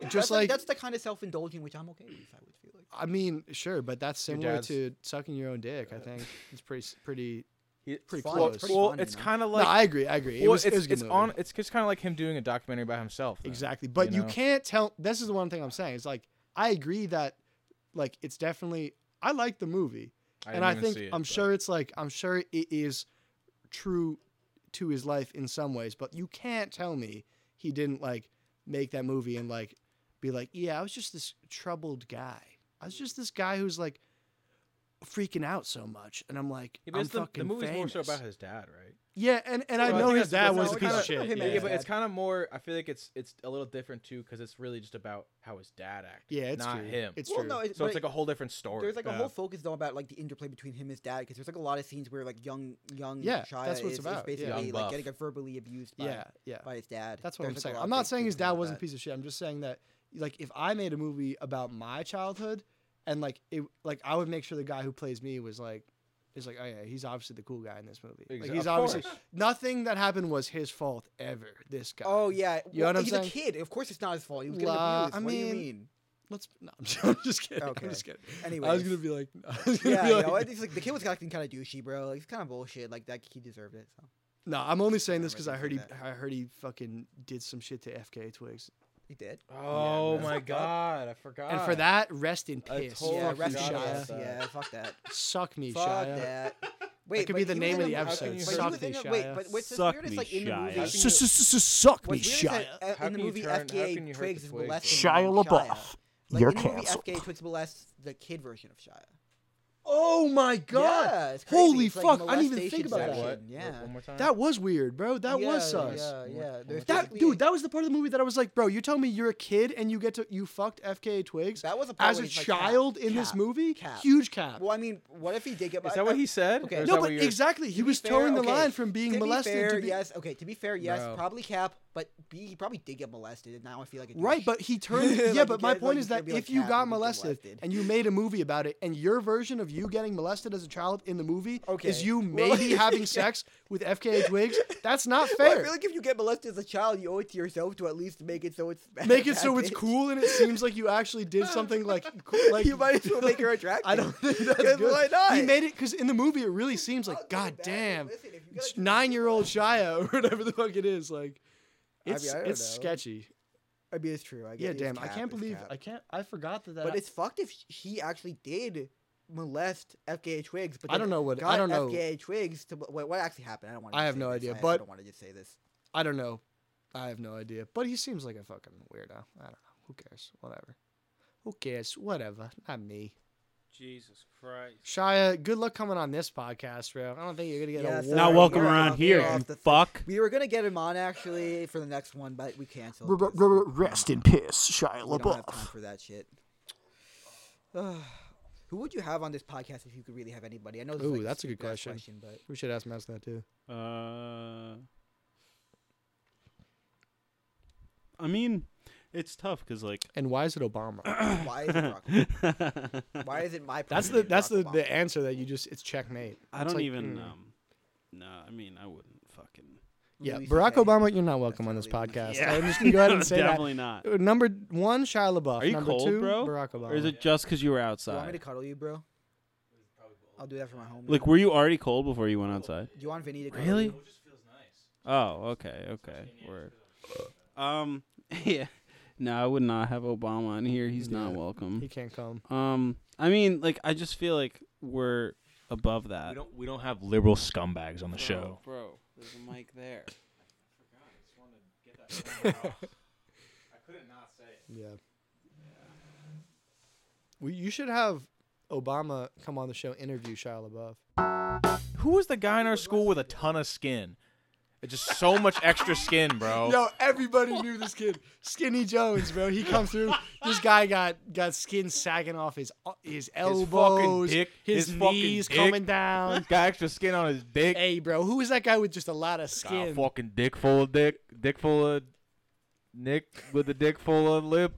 [SPEAKER 1] That's
[SPEAKER 2] Just like,
[SPEAKER 1] that's the kind of self indulging which I'm okay with. I would feel like.
[SPEAKER 2] I mean, sure, but that's
[SPEAKER 4] Your
[SPEAKER 2] similar
[SPEAKER 4] dad's-
[SPEAKER 2] to sucking your own dick. I think it's pretty, s- pretty.
[SPEAKER 4] He-
[SPEAKER 2] Pretty
[SPEAKER 4] well,
[SPEAKER 2] close.
[SPEAKER 1] Pretty
[SPEAKER 4] well,
[SPEAKER 1] fun, you
[SPEAKER 4] it's
[SPEAKER 1] know.
[SPEAKER 4] kind of like
[SPEAKER 2] no, I agree. I agree. It
[SPEAKER 4] well,
[SPEAKER 2] was,
[SPEAKER 4] it's,
[SPEAKER 2] it was a good
[SPEAKER 4] it's
[SPEAKER 2] movie.
[SPEAKER 4] on. It's just kind of like him doing a documentary about himself. then.
[SPEAKER 2] Exactly. But you,
[SPEAKER 4] know?
[SPEAKER 2] can't tell. This is the one thing I'm saying. It's like I agree that, like, it's definitely. I like the movie,
[SPEAKER 4] I
[SPEAKER 2] and I
[SPEAKER 4] didn't even
[SPEAKER 2] think
[SPEAKER 4] see it,
[SPEAKER 2] I'm
[SPEAKER 4] but-
[SPEAKER 2] sure it's like I'm sure it is true to his life in some ways. But you can't tell me he didn't like make that movie and like be like, yeah, I was just this troubled guy. I was just this guy who's like freaking out so much, and I'm like,
[SPEAKER 4] Yeah, but
[SPEAKER 2] I'm
[SPEAKER 4] it's the,
[SPEAKER 2] fucking
[SPEAKER 4] the movie's
[SPEAKER 2] famous.
[SPEAKER 4] more so about his dad, right?
[SPEAKER 2] Yeah, and, and I
[SPEAKER 4] Well, I
[SPEAKER 2] know
[SPEAKER 4] think
[SPEAKER 2] his
[SPEAKER 4] that's-
[SPEAKER 2] dad
[SPEAKER 4] that's
[SPEAKER 2] was
[SPEAKER 4] all
[SPEAKER 2] a
[SPEAKER 4] it
[SPEAKER 2] piece
[SPEAKER 4] kinda-
[SPEAKER 2] of shit.
[SPEAKER 1] him
[SPEAKER 2] Yeah.
[SPEAKER 1] and
[SPEAKER 4] Yeah,
[SPEAKER 1] his
[SPEAKER 4] but it's
[SPEAKER 1] dad.
[SPEAKER 4] kind of more. I feel like it's it's a little different too because it's really just about how his dad acted.
[SPEAKER 2] Yeah, it's
[SPEAKER 4] not
[SPEAKER 2] true.
[SPEAKER 4] him.
[SPEAKER 2] It's
[SPEAKER 1] well,
[SPEAKER 2] true.
[SPEAKER 1] no, it,
[SPEAKER 4] so
[SPEAKER 1] but
[SPEAKER 4] it's like a whole different story.
[SPEAKER 1] There's like a
[SPEAKER 4] Yeah.
[SPEAKER 1] whole focus though about like the interplay between him and his dad because there's like a lot of scenes where like young young
[SPEAKER 2] Yeah,
[SPEAKER 1] Shia
[SPEAKER 2] that's what
[SPEAKER 1] is,
[SPEAKER 2] it's about, yeah.
[SPEAKER 1] is basically
[SPEAKER 4] Young
[SPEAKER 1] like
[SPEAKER 4] buff.
[SPEAKER 1] getting verbally abused by,
[SPEAKER 2] yeah, yeah.
[SPEAKER 1] by his dad.
[SPEAKER 2] That's what
[SPEAKER 1] There's, like,
[SPEAKER 2] I'm
[SPEAKER 1] a
[SPEAKER 2] saying.
[SPEAKER 1] lot
[SPEAKER 2] I'm
[SPEAKER 1] of
[SPEAKER 2] not
[SPEAKER 1] big
[SPEAKER 2] saying his
[SPEAKER 1] scenes
[SPEAKER 2] dad
[SPEAKER 1] like
[SPEAKER 2] wasn't a
[SPEAKER 1] that.
[SPEAKER 2] piece of shit. I'm just saying that like if I made a movie about my childhood and like it like I would make sure the guy who plays me was like is like, oh yeah, he's obviously the cool guy in this movie.
[SPEAKER 4] Exa-
[SPEAKER 2] Like he's
[SPEAKER 4] of
[SPEAKER 2] obviously
[SPEAKER 4] course.
[SPEAKER 2] nothing that happened was his fault ever. This guy.
[SPEAKER 1] Oh yeah,
[SPEAKER 2] You know
[SPEAKER 1] Well,
[SPEAKER 2] what I'm
[SPEAKER 1] he's
[SPEAKER 2] saying?
[SPEAKER 1] a kid. Of course, it's not his fault. He was getting
[SPEAKER 2] La-
[SPEAKER 1] abused.
[SPEAKER 2] I
[SPEAKER 1] what do you
[SPEAKER 2] mean-
[SPEAKER 1] mean?
[SPEAKER 2] Let's. No, I'm just, I'm just kidding.
[SPEAKER 1] Okay.
[SPEAKER 2] I'm just kidding.
[SPEAKER 1] Anyway,
[SPEAKER 2] I was gonna be like, I was gonna
[SPEAKER 1] yeah,
[SPEAKER 2] be
[SPEAKER 1] yo,
[SPEAKER 2] like-
[SPEAKER 1] it's like the kid was acting kind of douchey, bro. Like, it's kind of bullshit. Like that, he deserved it. So
[SPEAKER 2] no, I'm only saying
[SPEAKER 1] I
[SPEAKER 2] this because I
[SPEAKER 1] read
[SPEAKER 2] heard he,
[SPEAKER 1] that.
[SPEAKER 2] I heard he fucking did some shit to FK Twigs,
[SPEAKER 1] he did.
[SPEAKER 4] Oh
[SPEAKER 2] man.
[SPEAKER 4] my god, I forgot.
[SPEAKER 2] and for that, rest in
[SPEAKER 4] I
[SPEAKER 2] peace.
[SPEAKER 4] totally
[SPEAKER 1] yeah,
[SPEAKER 2] Fuck you,
[SPEAKER 1] rest in
[SPEAKER 4] forgot about
[SPEAKER 2] Shia.
[SPEAKER 1] peace. Yeah, fuck that.
[SPEAKER 2] Suck me,
[SPEAKER 1] fuck
[SPEAKER 2] Shia.
[SPEAKER 1] that. Wait,
[SPEAKER 2] could
[SPEAKER 1] but
[SPEAKER 2] be the
[SPEAKER 1] he was
[SPEAKER 2] name
[SPEAKER 1] in
[SPEAKER 2] of the
[SPEAKER 4] movie-
[SPEAKER 2] episode.
[SPEAKER 4] How
[SPEAKER 1] But he was
[SPEAKER 2] Suck
[SPEAKER 4] can you
[SPEAKER 2] me,
[SPEAKER 1] in the, wait,
[SPEAKER 2] Shia.
[SPEAKER 1] but what's
[SPEAKER 3] Suck
[SPEAKER 1] the weirdest
[SPEAKER 3] me,
[SPEAKER 1] like in the
[SPEAKER 3] Shia.
[SPEAKER 1] movie?
[SPEAKER 4] How
[SPEAKER 1] what's
[SPEAKER 4] can
[SPEAKER 10] S- s- s- s- Suck me,
[SPEAKER 1] weird is
[SPEAKER 10] Shia.
[SPEAKER 1] that, uh,
[SPEAKER 4] How
[SPEAKER 1] in the
[SPEAKER 4] can you
[SPEAKER 1] movie,
[SPEAKER 4] turn- how can you
[SPEAKER 1] FKA
[SPEAKER 4] hurt
[SPEAKER 1] Twigs
[SPEAKER 4] the
[SPEAKER 1] is
[SPEAKER 4] Twigs?
[SPEAKER 1] molesting
[SPEAKER 10] Shia
[SPEAKER 1] Shia.
[SPEAKER 10] LaBeouf,
[SPEAKER 1] Like
[SPEAKER 10] you're
[SPEAKER 1] in the movie,
[SPEAKER 10] canceled.
[SPEAKER 1] FKA Twigs molests the kid version of Shia.
[SPEAKER 2] Oh my god!
[SPEAKER 1] Yeah, it's crazy.
[SPEAKER 2] Holy
[SPEAKER 1] It's like
[SPEAKER 2] fuck! I didn't even
[SPEAKER 1] molestation
[SPEAKER 2] think about
[SPEAKER 1] section.
[SPEAKER 2] that.
[SPEAKER 4] what?
[SPEAKER 1] Yeah.
[SPEAKER 4] One more time.
[SPEAKER 2] That was weird, bro. That
[SPEAKER 1] yeah,
[SPEAKER 2] was sus.
[SPEAKER 1] Yeah, yeah. There's
[SPEAKER 2] That
[SPEAKER 1] basically-
[SPEAKER 2] dude, that was the part of the movie that I was like, bro, you're telling me you're a kid and you get to you fucked FKA Twigs
[SPEAKER 1] That was a part
[SPEAKER 2] as
[SPEAKER 1] where
[SPEAKER 2] a
[SPEAKER 1] he's like,
[SPEAKER 2] child
[SPEAKER 1] cap,
[SPEAKER 2] in this
[SPEAKER 1] cap,
[SPEAKER 2] movie?
[SPEAKER 1] cap.
[SPEAKER 2] Huge cap.
[SPEAKER 1] Well, I mean, what if he did get?
[SPEAKER 4] is that what
[SPEAKER 1] I-
[SPEAKER 4] he said?
[SPEAKER 1] okay.
[SPEAKER 4] Or is
[SPEAKER 1] No,
[SPEAKER 4] that
[SPEAKER 2] no,
[SPEAKER 4] what
[SPEAKER 2] but
[SPEAKER 4] you're-
[SPEAKER 2] exactly, he
[SPEAKER 1] To be
[SPEAKER 2] was
[SPEAKER 1] fair,
[SPEAKER 2] towing the
[SPEAKER 1] okay,
[SPEAKER 2] line from being
[SPEAKER 1] to
[SPEAKER 2] molested.
[SPEAKER 1] Be fair,
[SPEAKER 2] to be,
[SPEAKER 1] yes, okay. To be fair, yes,
[SPEAKER 4] Bro.
[SPEAKER 1] probably Cap, but B, he probably did get molested, and now I feel like a douche.
[SPEAKER 2] Right, but he turned. Yeah,
[SPEAKER 1] Like,
[SPEAKER 2] but
[SPEAKER 1] you
[SPEAKER 2] my
[SPEAKER 1] guys,
[SPEAKER 2] point
[SPEAKER 1] like,
[SPEAKER 2] is
[SPEAKER 1] you
[SPEAKER 2] that
[SPEAKER 1] can't be like,
[SPEAKER 2] if you
[SPEAKER 1] "Cat,
[SPEAKER 2] got
[SPEAKER 1] we get
[SPEAKER 2] molested,
[SPEAKER 1] molested."
[SPEAKER 2] and you made a movie about it, and your version of you getting molested as a child in the movie
[SPEAKER 1] Okay.
[SPEAKER 2] is you
[SPEAKER 1] Well,
[SPEAKER 2] maybe having sex with FKA Twigs, that's not
[SPEAKER 1] Well, I
[SPEAKER 2] fair.
[SPEAKER 1] feel like if you get molested as a child, you owe it to yourself to at least make it so it's
[SPEAKER 2] Make it so it's
[SPEAKER 1] bad.
[SPEAKER 2] cool and it seems like you actually did something like cool- like
[SPEAKER 1] you might as well make her attractive.
[SPEAKER 2] I don't think that's
[SPEAKER 1] 'Cause
[SPEAKER 2] good.
[SPEAKER 1] Why not?
[SPEAKER 2] He made it because in the movie it really seems like,
[SPEAKER 1] I'll go
[SPEAKER 2] god
[SPEAKER 1] back and
[SPEAKER 2] damn,
[SPEAKER 1] listen, if you gotta
[SPEAKER 2] it's
[SPEAKER 1] keep it
[SPEAKER 2] nine-year-old Shia or whatever the fuck it is. Like,
[SPEAKER 1] I mean,
[SPEAKER 2] it's
[SPEAKER 1] I don't
[SPEAKER 2] it's
[SPEAKER 1] know.
[SPEAKER 2] sketchy.
[SPEAKER 1] I mean, it's true. I guess
[SPEAKER 2] Yeah,
[SPEAKER 1] it's
[SPEAKER 2] damn, I
[SPEAKER 1] Cap,
[SPEAKER 2] can't
[SPEAKER 1] it's
[SPEAKER 2] believe
[SPEAKER 1] Cap.
[SPEAKER 2] I can't. I forgot that. that
[SPEAKER 1] But it's fucked if he actually did molest FKA Twigs. But
[SPEAKER 2] I
[SPEAKER 1] then
[SPEAKER 2] don't know what- I
[SPEAKER 1] got
[SPEAKER 2] don't know.
[SPEAKER 1] FKA Twigs to what, what actually happened. I don't want.
[SPEAKER 2] I have no idea,
[SPEAKER 1] I,
[SPEAKER 2] but-
[SPEAKER 1] don't want to just say this.
[SPEAKER 2] I don't know. I have no idea. But he seems like a fucking weirdo. I don't know. Who cares? Whatever. Who cares? Whatever. Not me.
[SPEAKER 3] Jesus Christ.
[SPEAKER 2] Shia, good luck coming on this podcast, bro. I don't think you're gonna get
[SPEAKER 1] Yeah,
[SPEAKER 2] a
[SPEAKER 1] so-
[SPEAKER 2] war.
[SPEAKER 3] Not
[SPEAKER 1] We're
[SPEAKER 3] welcome
[SPEAKER 1] off-
[SPEAKER 3] around
[SPEAKER 1] we're
[SPEAKER 3] here,
[SPEAKER 1] off
[SPEAKER 3] you
[SPEAKER 1] the-
[SPEAKER 3] fuck.
[SPEAKER 1] We were gonna get him on actually for the next one, but we canceled.
[SPEAKER 10] R-
[SPEAKER 1] 'cause
[SPEAKER 10] r- Rest in peace, Shia
[SPEAKER 1] We don't have time
[SPEAKER 10] LaBeouf.
[SPEAKER 1] for that shit. Who would you have on this podcast if you could really have anybody? I know. This is
[SPEAKER 2] Ooh,
[SPEAKER 1] like
[SPEAKER 2] that's a good
[SPEAKER 1] stupid-ass
[SPEAKER 2] question.
[SPEAKER 1] but
[SPEAKER 2] We should ask Max that too.
[SPEAKER 3] Uh, I mean, it's tough because like
[SPEAKER 2] And why is it Obama?
[SPEAKER 1] why is it Barack Obama? Why is it my?
[SPEAKER 2] that's the
[SPEAKER 1] president,
[SPEAKER 2] that's
[SPEAKER 1] Barack
[SPEAKER 2] the,
[SPEAKER 1] Obama?
[SPEAKER 2] the answer that you just it's checkmate.
[SPEAKER 3] I
[SPEAKER 2] It's
[SPEAKER 3] don't
[SPEAKER 2] like,
[SPEAKER 3] even.
[SPEAKER 2] mm.
[SPEAKER 3] Um, nah, I mean, I wouldn't fucking.
[SPEAKER 2] Yeah,
[SPEAKER 1] Louis
[SPEAKER 2] Barack
[SPEAKER 1] CK.
[SPEAKER 2] Obama, you're not welcome on this
[SPEAKER 1] Definitely
[SPEAKER 2] podcast.
[SPEAKER 1] Louis
[SPEAKER 2] I'm just gonna go ahead and say
[SPEAKER 3] definitely not.
[SPEAKER 2] that. Number one, Shia LaBeouf.
[SPEAKER 3] Are you
[SPEAKER 2] Number
[SPEAKER 3] cold,
[SPEAKER 2] two,
[SPEAKER 3] bro?
[SPEAKER 2] Barack Obama.
[SPEAKER 3] Or is it just because you were
[SPEAKER 1] You want me to
[SPEAKER 3] outside?
[SPEAKER 1] cuddle you, bro? I'll do that for my home.
[SPEAKER 3] Like, were you already cold before you went outside?
[SPEAKER 1] Do you want Vinny to go?
[SPEAKER 3] Really? Oh, okay, okay. Word. Um, yeah. No, I would not have Obama on here. He's not
[SPEAKER 2] He
[SPEAKER 3] welcome.
[SPEAKER 2] can't come.
[SPEAKER 3] Um, I mean, like, I just feel like we're above that.
[SPEAKER 9] We don't we don't have liberal scumbags on the show.
[SPEAKER 3] Bro, there's a mic there.
[SPEAKER 2] Yeah. We, you should have Obama come on the show interview Shia LaBeouf.
[SPEAKER 4] Who was the guy in our school with a ton of skin? Just so much extra skin, bro.
[SPEAKER 2] Yo, everybody knew this kid, Skinny Jones, bro. He come through. This guy got got skin sagging off his uh, his elbows,
[SPEAKER 4] dick,
[SPEAKER 2] his,
[SPEAKER 4] his fucking
[SPEAKER 2] knees
[SPEAKER 4] dick.
[SPEAKER 2] coming down.
[SPEAKER 4] Got extra skin on his dick.
[SPEAKER 2] hey, bro, who is that guy with just a lot of
[SPEAKER 4] Got a
[SPEAKER 2] skin?
[SPEAKER 4] fucking dick full of dick. Dick full of Nick with a dick full of lip.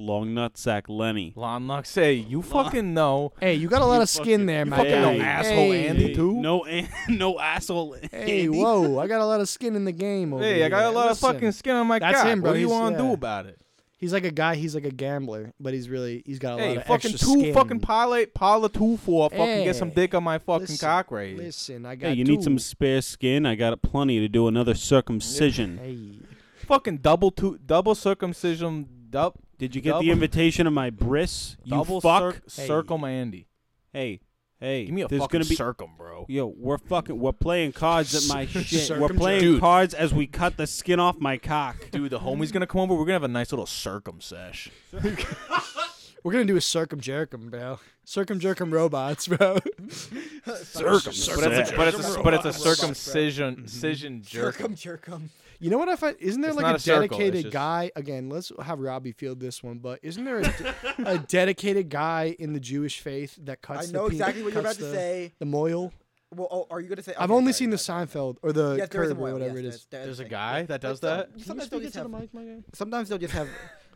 [SPEAKER 3] Long nutsack Lenny.
[SPEAKER 4] Lon Luck say, you fucking know.
[SPEAKER 2] Hey, you got a lot of skin
[SPEAKER 3] fucking-
[SPEAKER 2] there,
[SPEAKER 3] you
[SPEAKER 2] my
[SPEAKER 3] fucking
[SPEAKER 2] guy.
[SPEAKER 3] know
[SPEAKER 4] asshole,
[SPEAKER 2] hey,
[SPEAKER 4] Andy. too?
[SPEAKER 3] No, an- no asshole.
[SPEAKER 2] Hey,
[SPEAKER 3] Andy.
[SPEAKER 2] whoa, I got a lot of skin in the game. Over
[SPEAKER 4] Hey, I got
[SPEAKER 2] here.
[SPEAKER 4] a lot
[SPEAKER 2] Listen,
[SPEAKER 4] of fucking skin on my
[SPEAKER 2] That's
[SPEAKER 4] cock.
[SPEAKER 2] him, bro.
[SPEAKER 4] What do you
[SPEAKER 2] He's-
[SPEAKER 4] want to
[SPEAKER 2] yeah.
[SPEAKER 4] do about it?
[SPEAKER 2] He's like a guy. He's like a gambler, but he's really he's got a
[SPEAKER 4] Hey,
[SPEAKER 2] lot of
[SPEAKER 4] fucking
[SPEAKER 2] extra
[SPEAKER 4] two
[SPEAKER 2] skin.
[SPEAKER 4] fucking pile pile two for fucking get some
[SPEAKER 2] Hey,
[SPEAKER 4] dick on my fucking
[SPEAKER 2] listen,
[SPEAKER 4] cock right here.
[SPEAKER 2] Listen, I got.
[SPEAKER 3] Hey, you need
[SPEAKER 2] two.
[SPEAKER 3] some spare skin? I got plenty to do another circumcision.
[SPEAKER 2] Hey.
[SPEAKER 4] Fucking double two double circumcision dub.
[SPEAKER 3] Did you get
[SPEAKER 4] double,
[SPEAKER 3] the invitation of my bris? You
[SPEAKER 4] double
[SPEAKER 3] fuck.
[SPEAKER 4] cir- circle my Andy.
[SPEAKER 3] hey, hey.
[SPEAKER 9] Give me a
[SPEAKER 3] there's
[SPEAKER 9] fucking
[SPEAKER 3] gonna be
[SPEAKER 9] circum, bro.
[SPEAKER 3] Yo, we're fucking. We're playing cards at my shit. We're
[SPEAKER 2] Circumject.
[SPEAKER 3] playing
[SPEAKER 9] Dude.
[SPEAKER 3] cards as we cut the skin off my cock.
[SPEAKER 9] Dude, the homie's gonna come over. We're gonna have a nice little circum sesh.
[SPEAKER 2] We're gonna do a circum jerkum, bro. Circum jerkum robots, bro.
[SPEAKER 9] Circum,
[SPEAKER 4] But it's a, but it's a, but it's a
[SPEAKER 2] Mm-hmm.
[SPEAKER 4] circumcision cision jerk.
[SPEAKER 1] Jerkum, jerkum.
[SPEAKER 2] You know what I find? Isn't there
[SPEAKER 4] It's
[SPEAKER 2] like
[SPEAKER 4] not
[SPEAKER 2] a,
[SPEAKER 4] a circle, it's
[SPEAKER 2] dedicated
[SPEAKER 4] just-
[SPEAKER 2] guy? Again, let's have Robbie field this one, but isn't there a, de- a dedicated guy in the Jewish faith that
[SPEAKER 1] I
[SPEAKER 2] cuts?
[SPEAKER 1] know
[SPEAKER 2] the pe-
[SPEAKER 1] exactly what you're about
[SPEAKER 2] cuts
[SPEAKER 1] to
[SPEAKER 2] the-
[SPEAKER 1] say.
[SPEAKER 2] The moil.
[SPEAKER 1] Well, oh, are you gonna say?
[SPEAKER 2] I've
[SPEAKER 1] okay,
[SPEAKER 2] only
[SPEAKER 1] sorry,
[SPEAKER 2] seen the
[SPEAKER 1] sorry.
[SPEAKER 2] Seinfeld or the
[SPEAKER 1] Yes, there is a
[SPEAKER 2] curb or
[SPEAKER 1] moil, yes,
[SPEAKER 2] whatever it
[SPEAKER 1] there's-
[SPEAKER 2] is.
[SPEAKER 4] There's a
[SPEAKER 1] thing.
[SPEAKER 4] guy that does
[SPEAKER 1] Some-
[SPEAKER 4] that.
[SPEAKER 2] Can you
[SPEAKER 1] Sometimes they'll
[SPEAKER 2] speak
[SPEAKER 1] just
[SPEAKER 2] into the
[SPEAKER 1] have.
[SPEAKER 2] mic, my guy?
[SPEAKER 1] Sometimes they'll just have.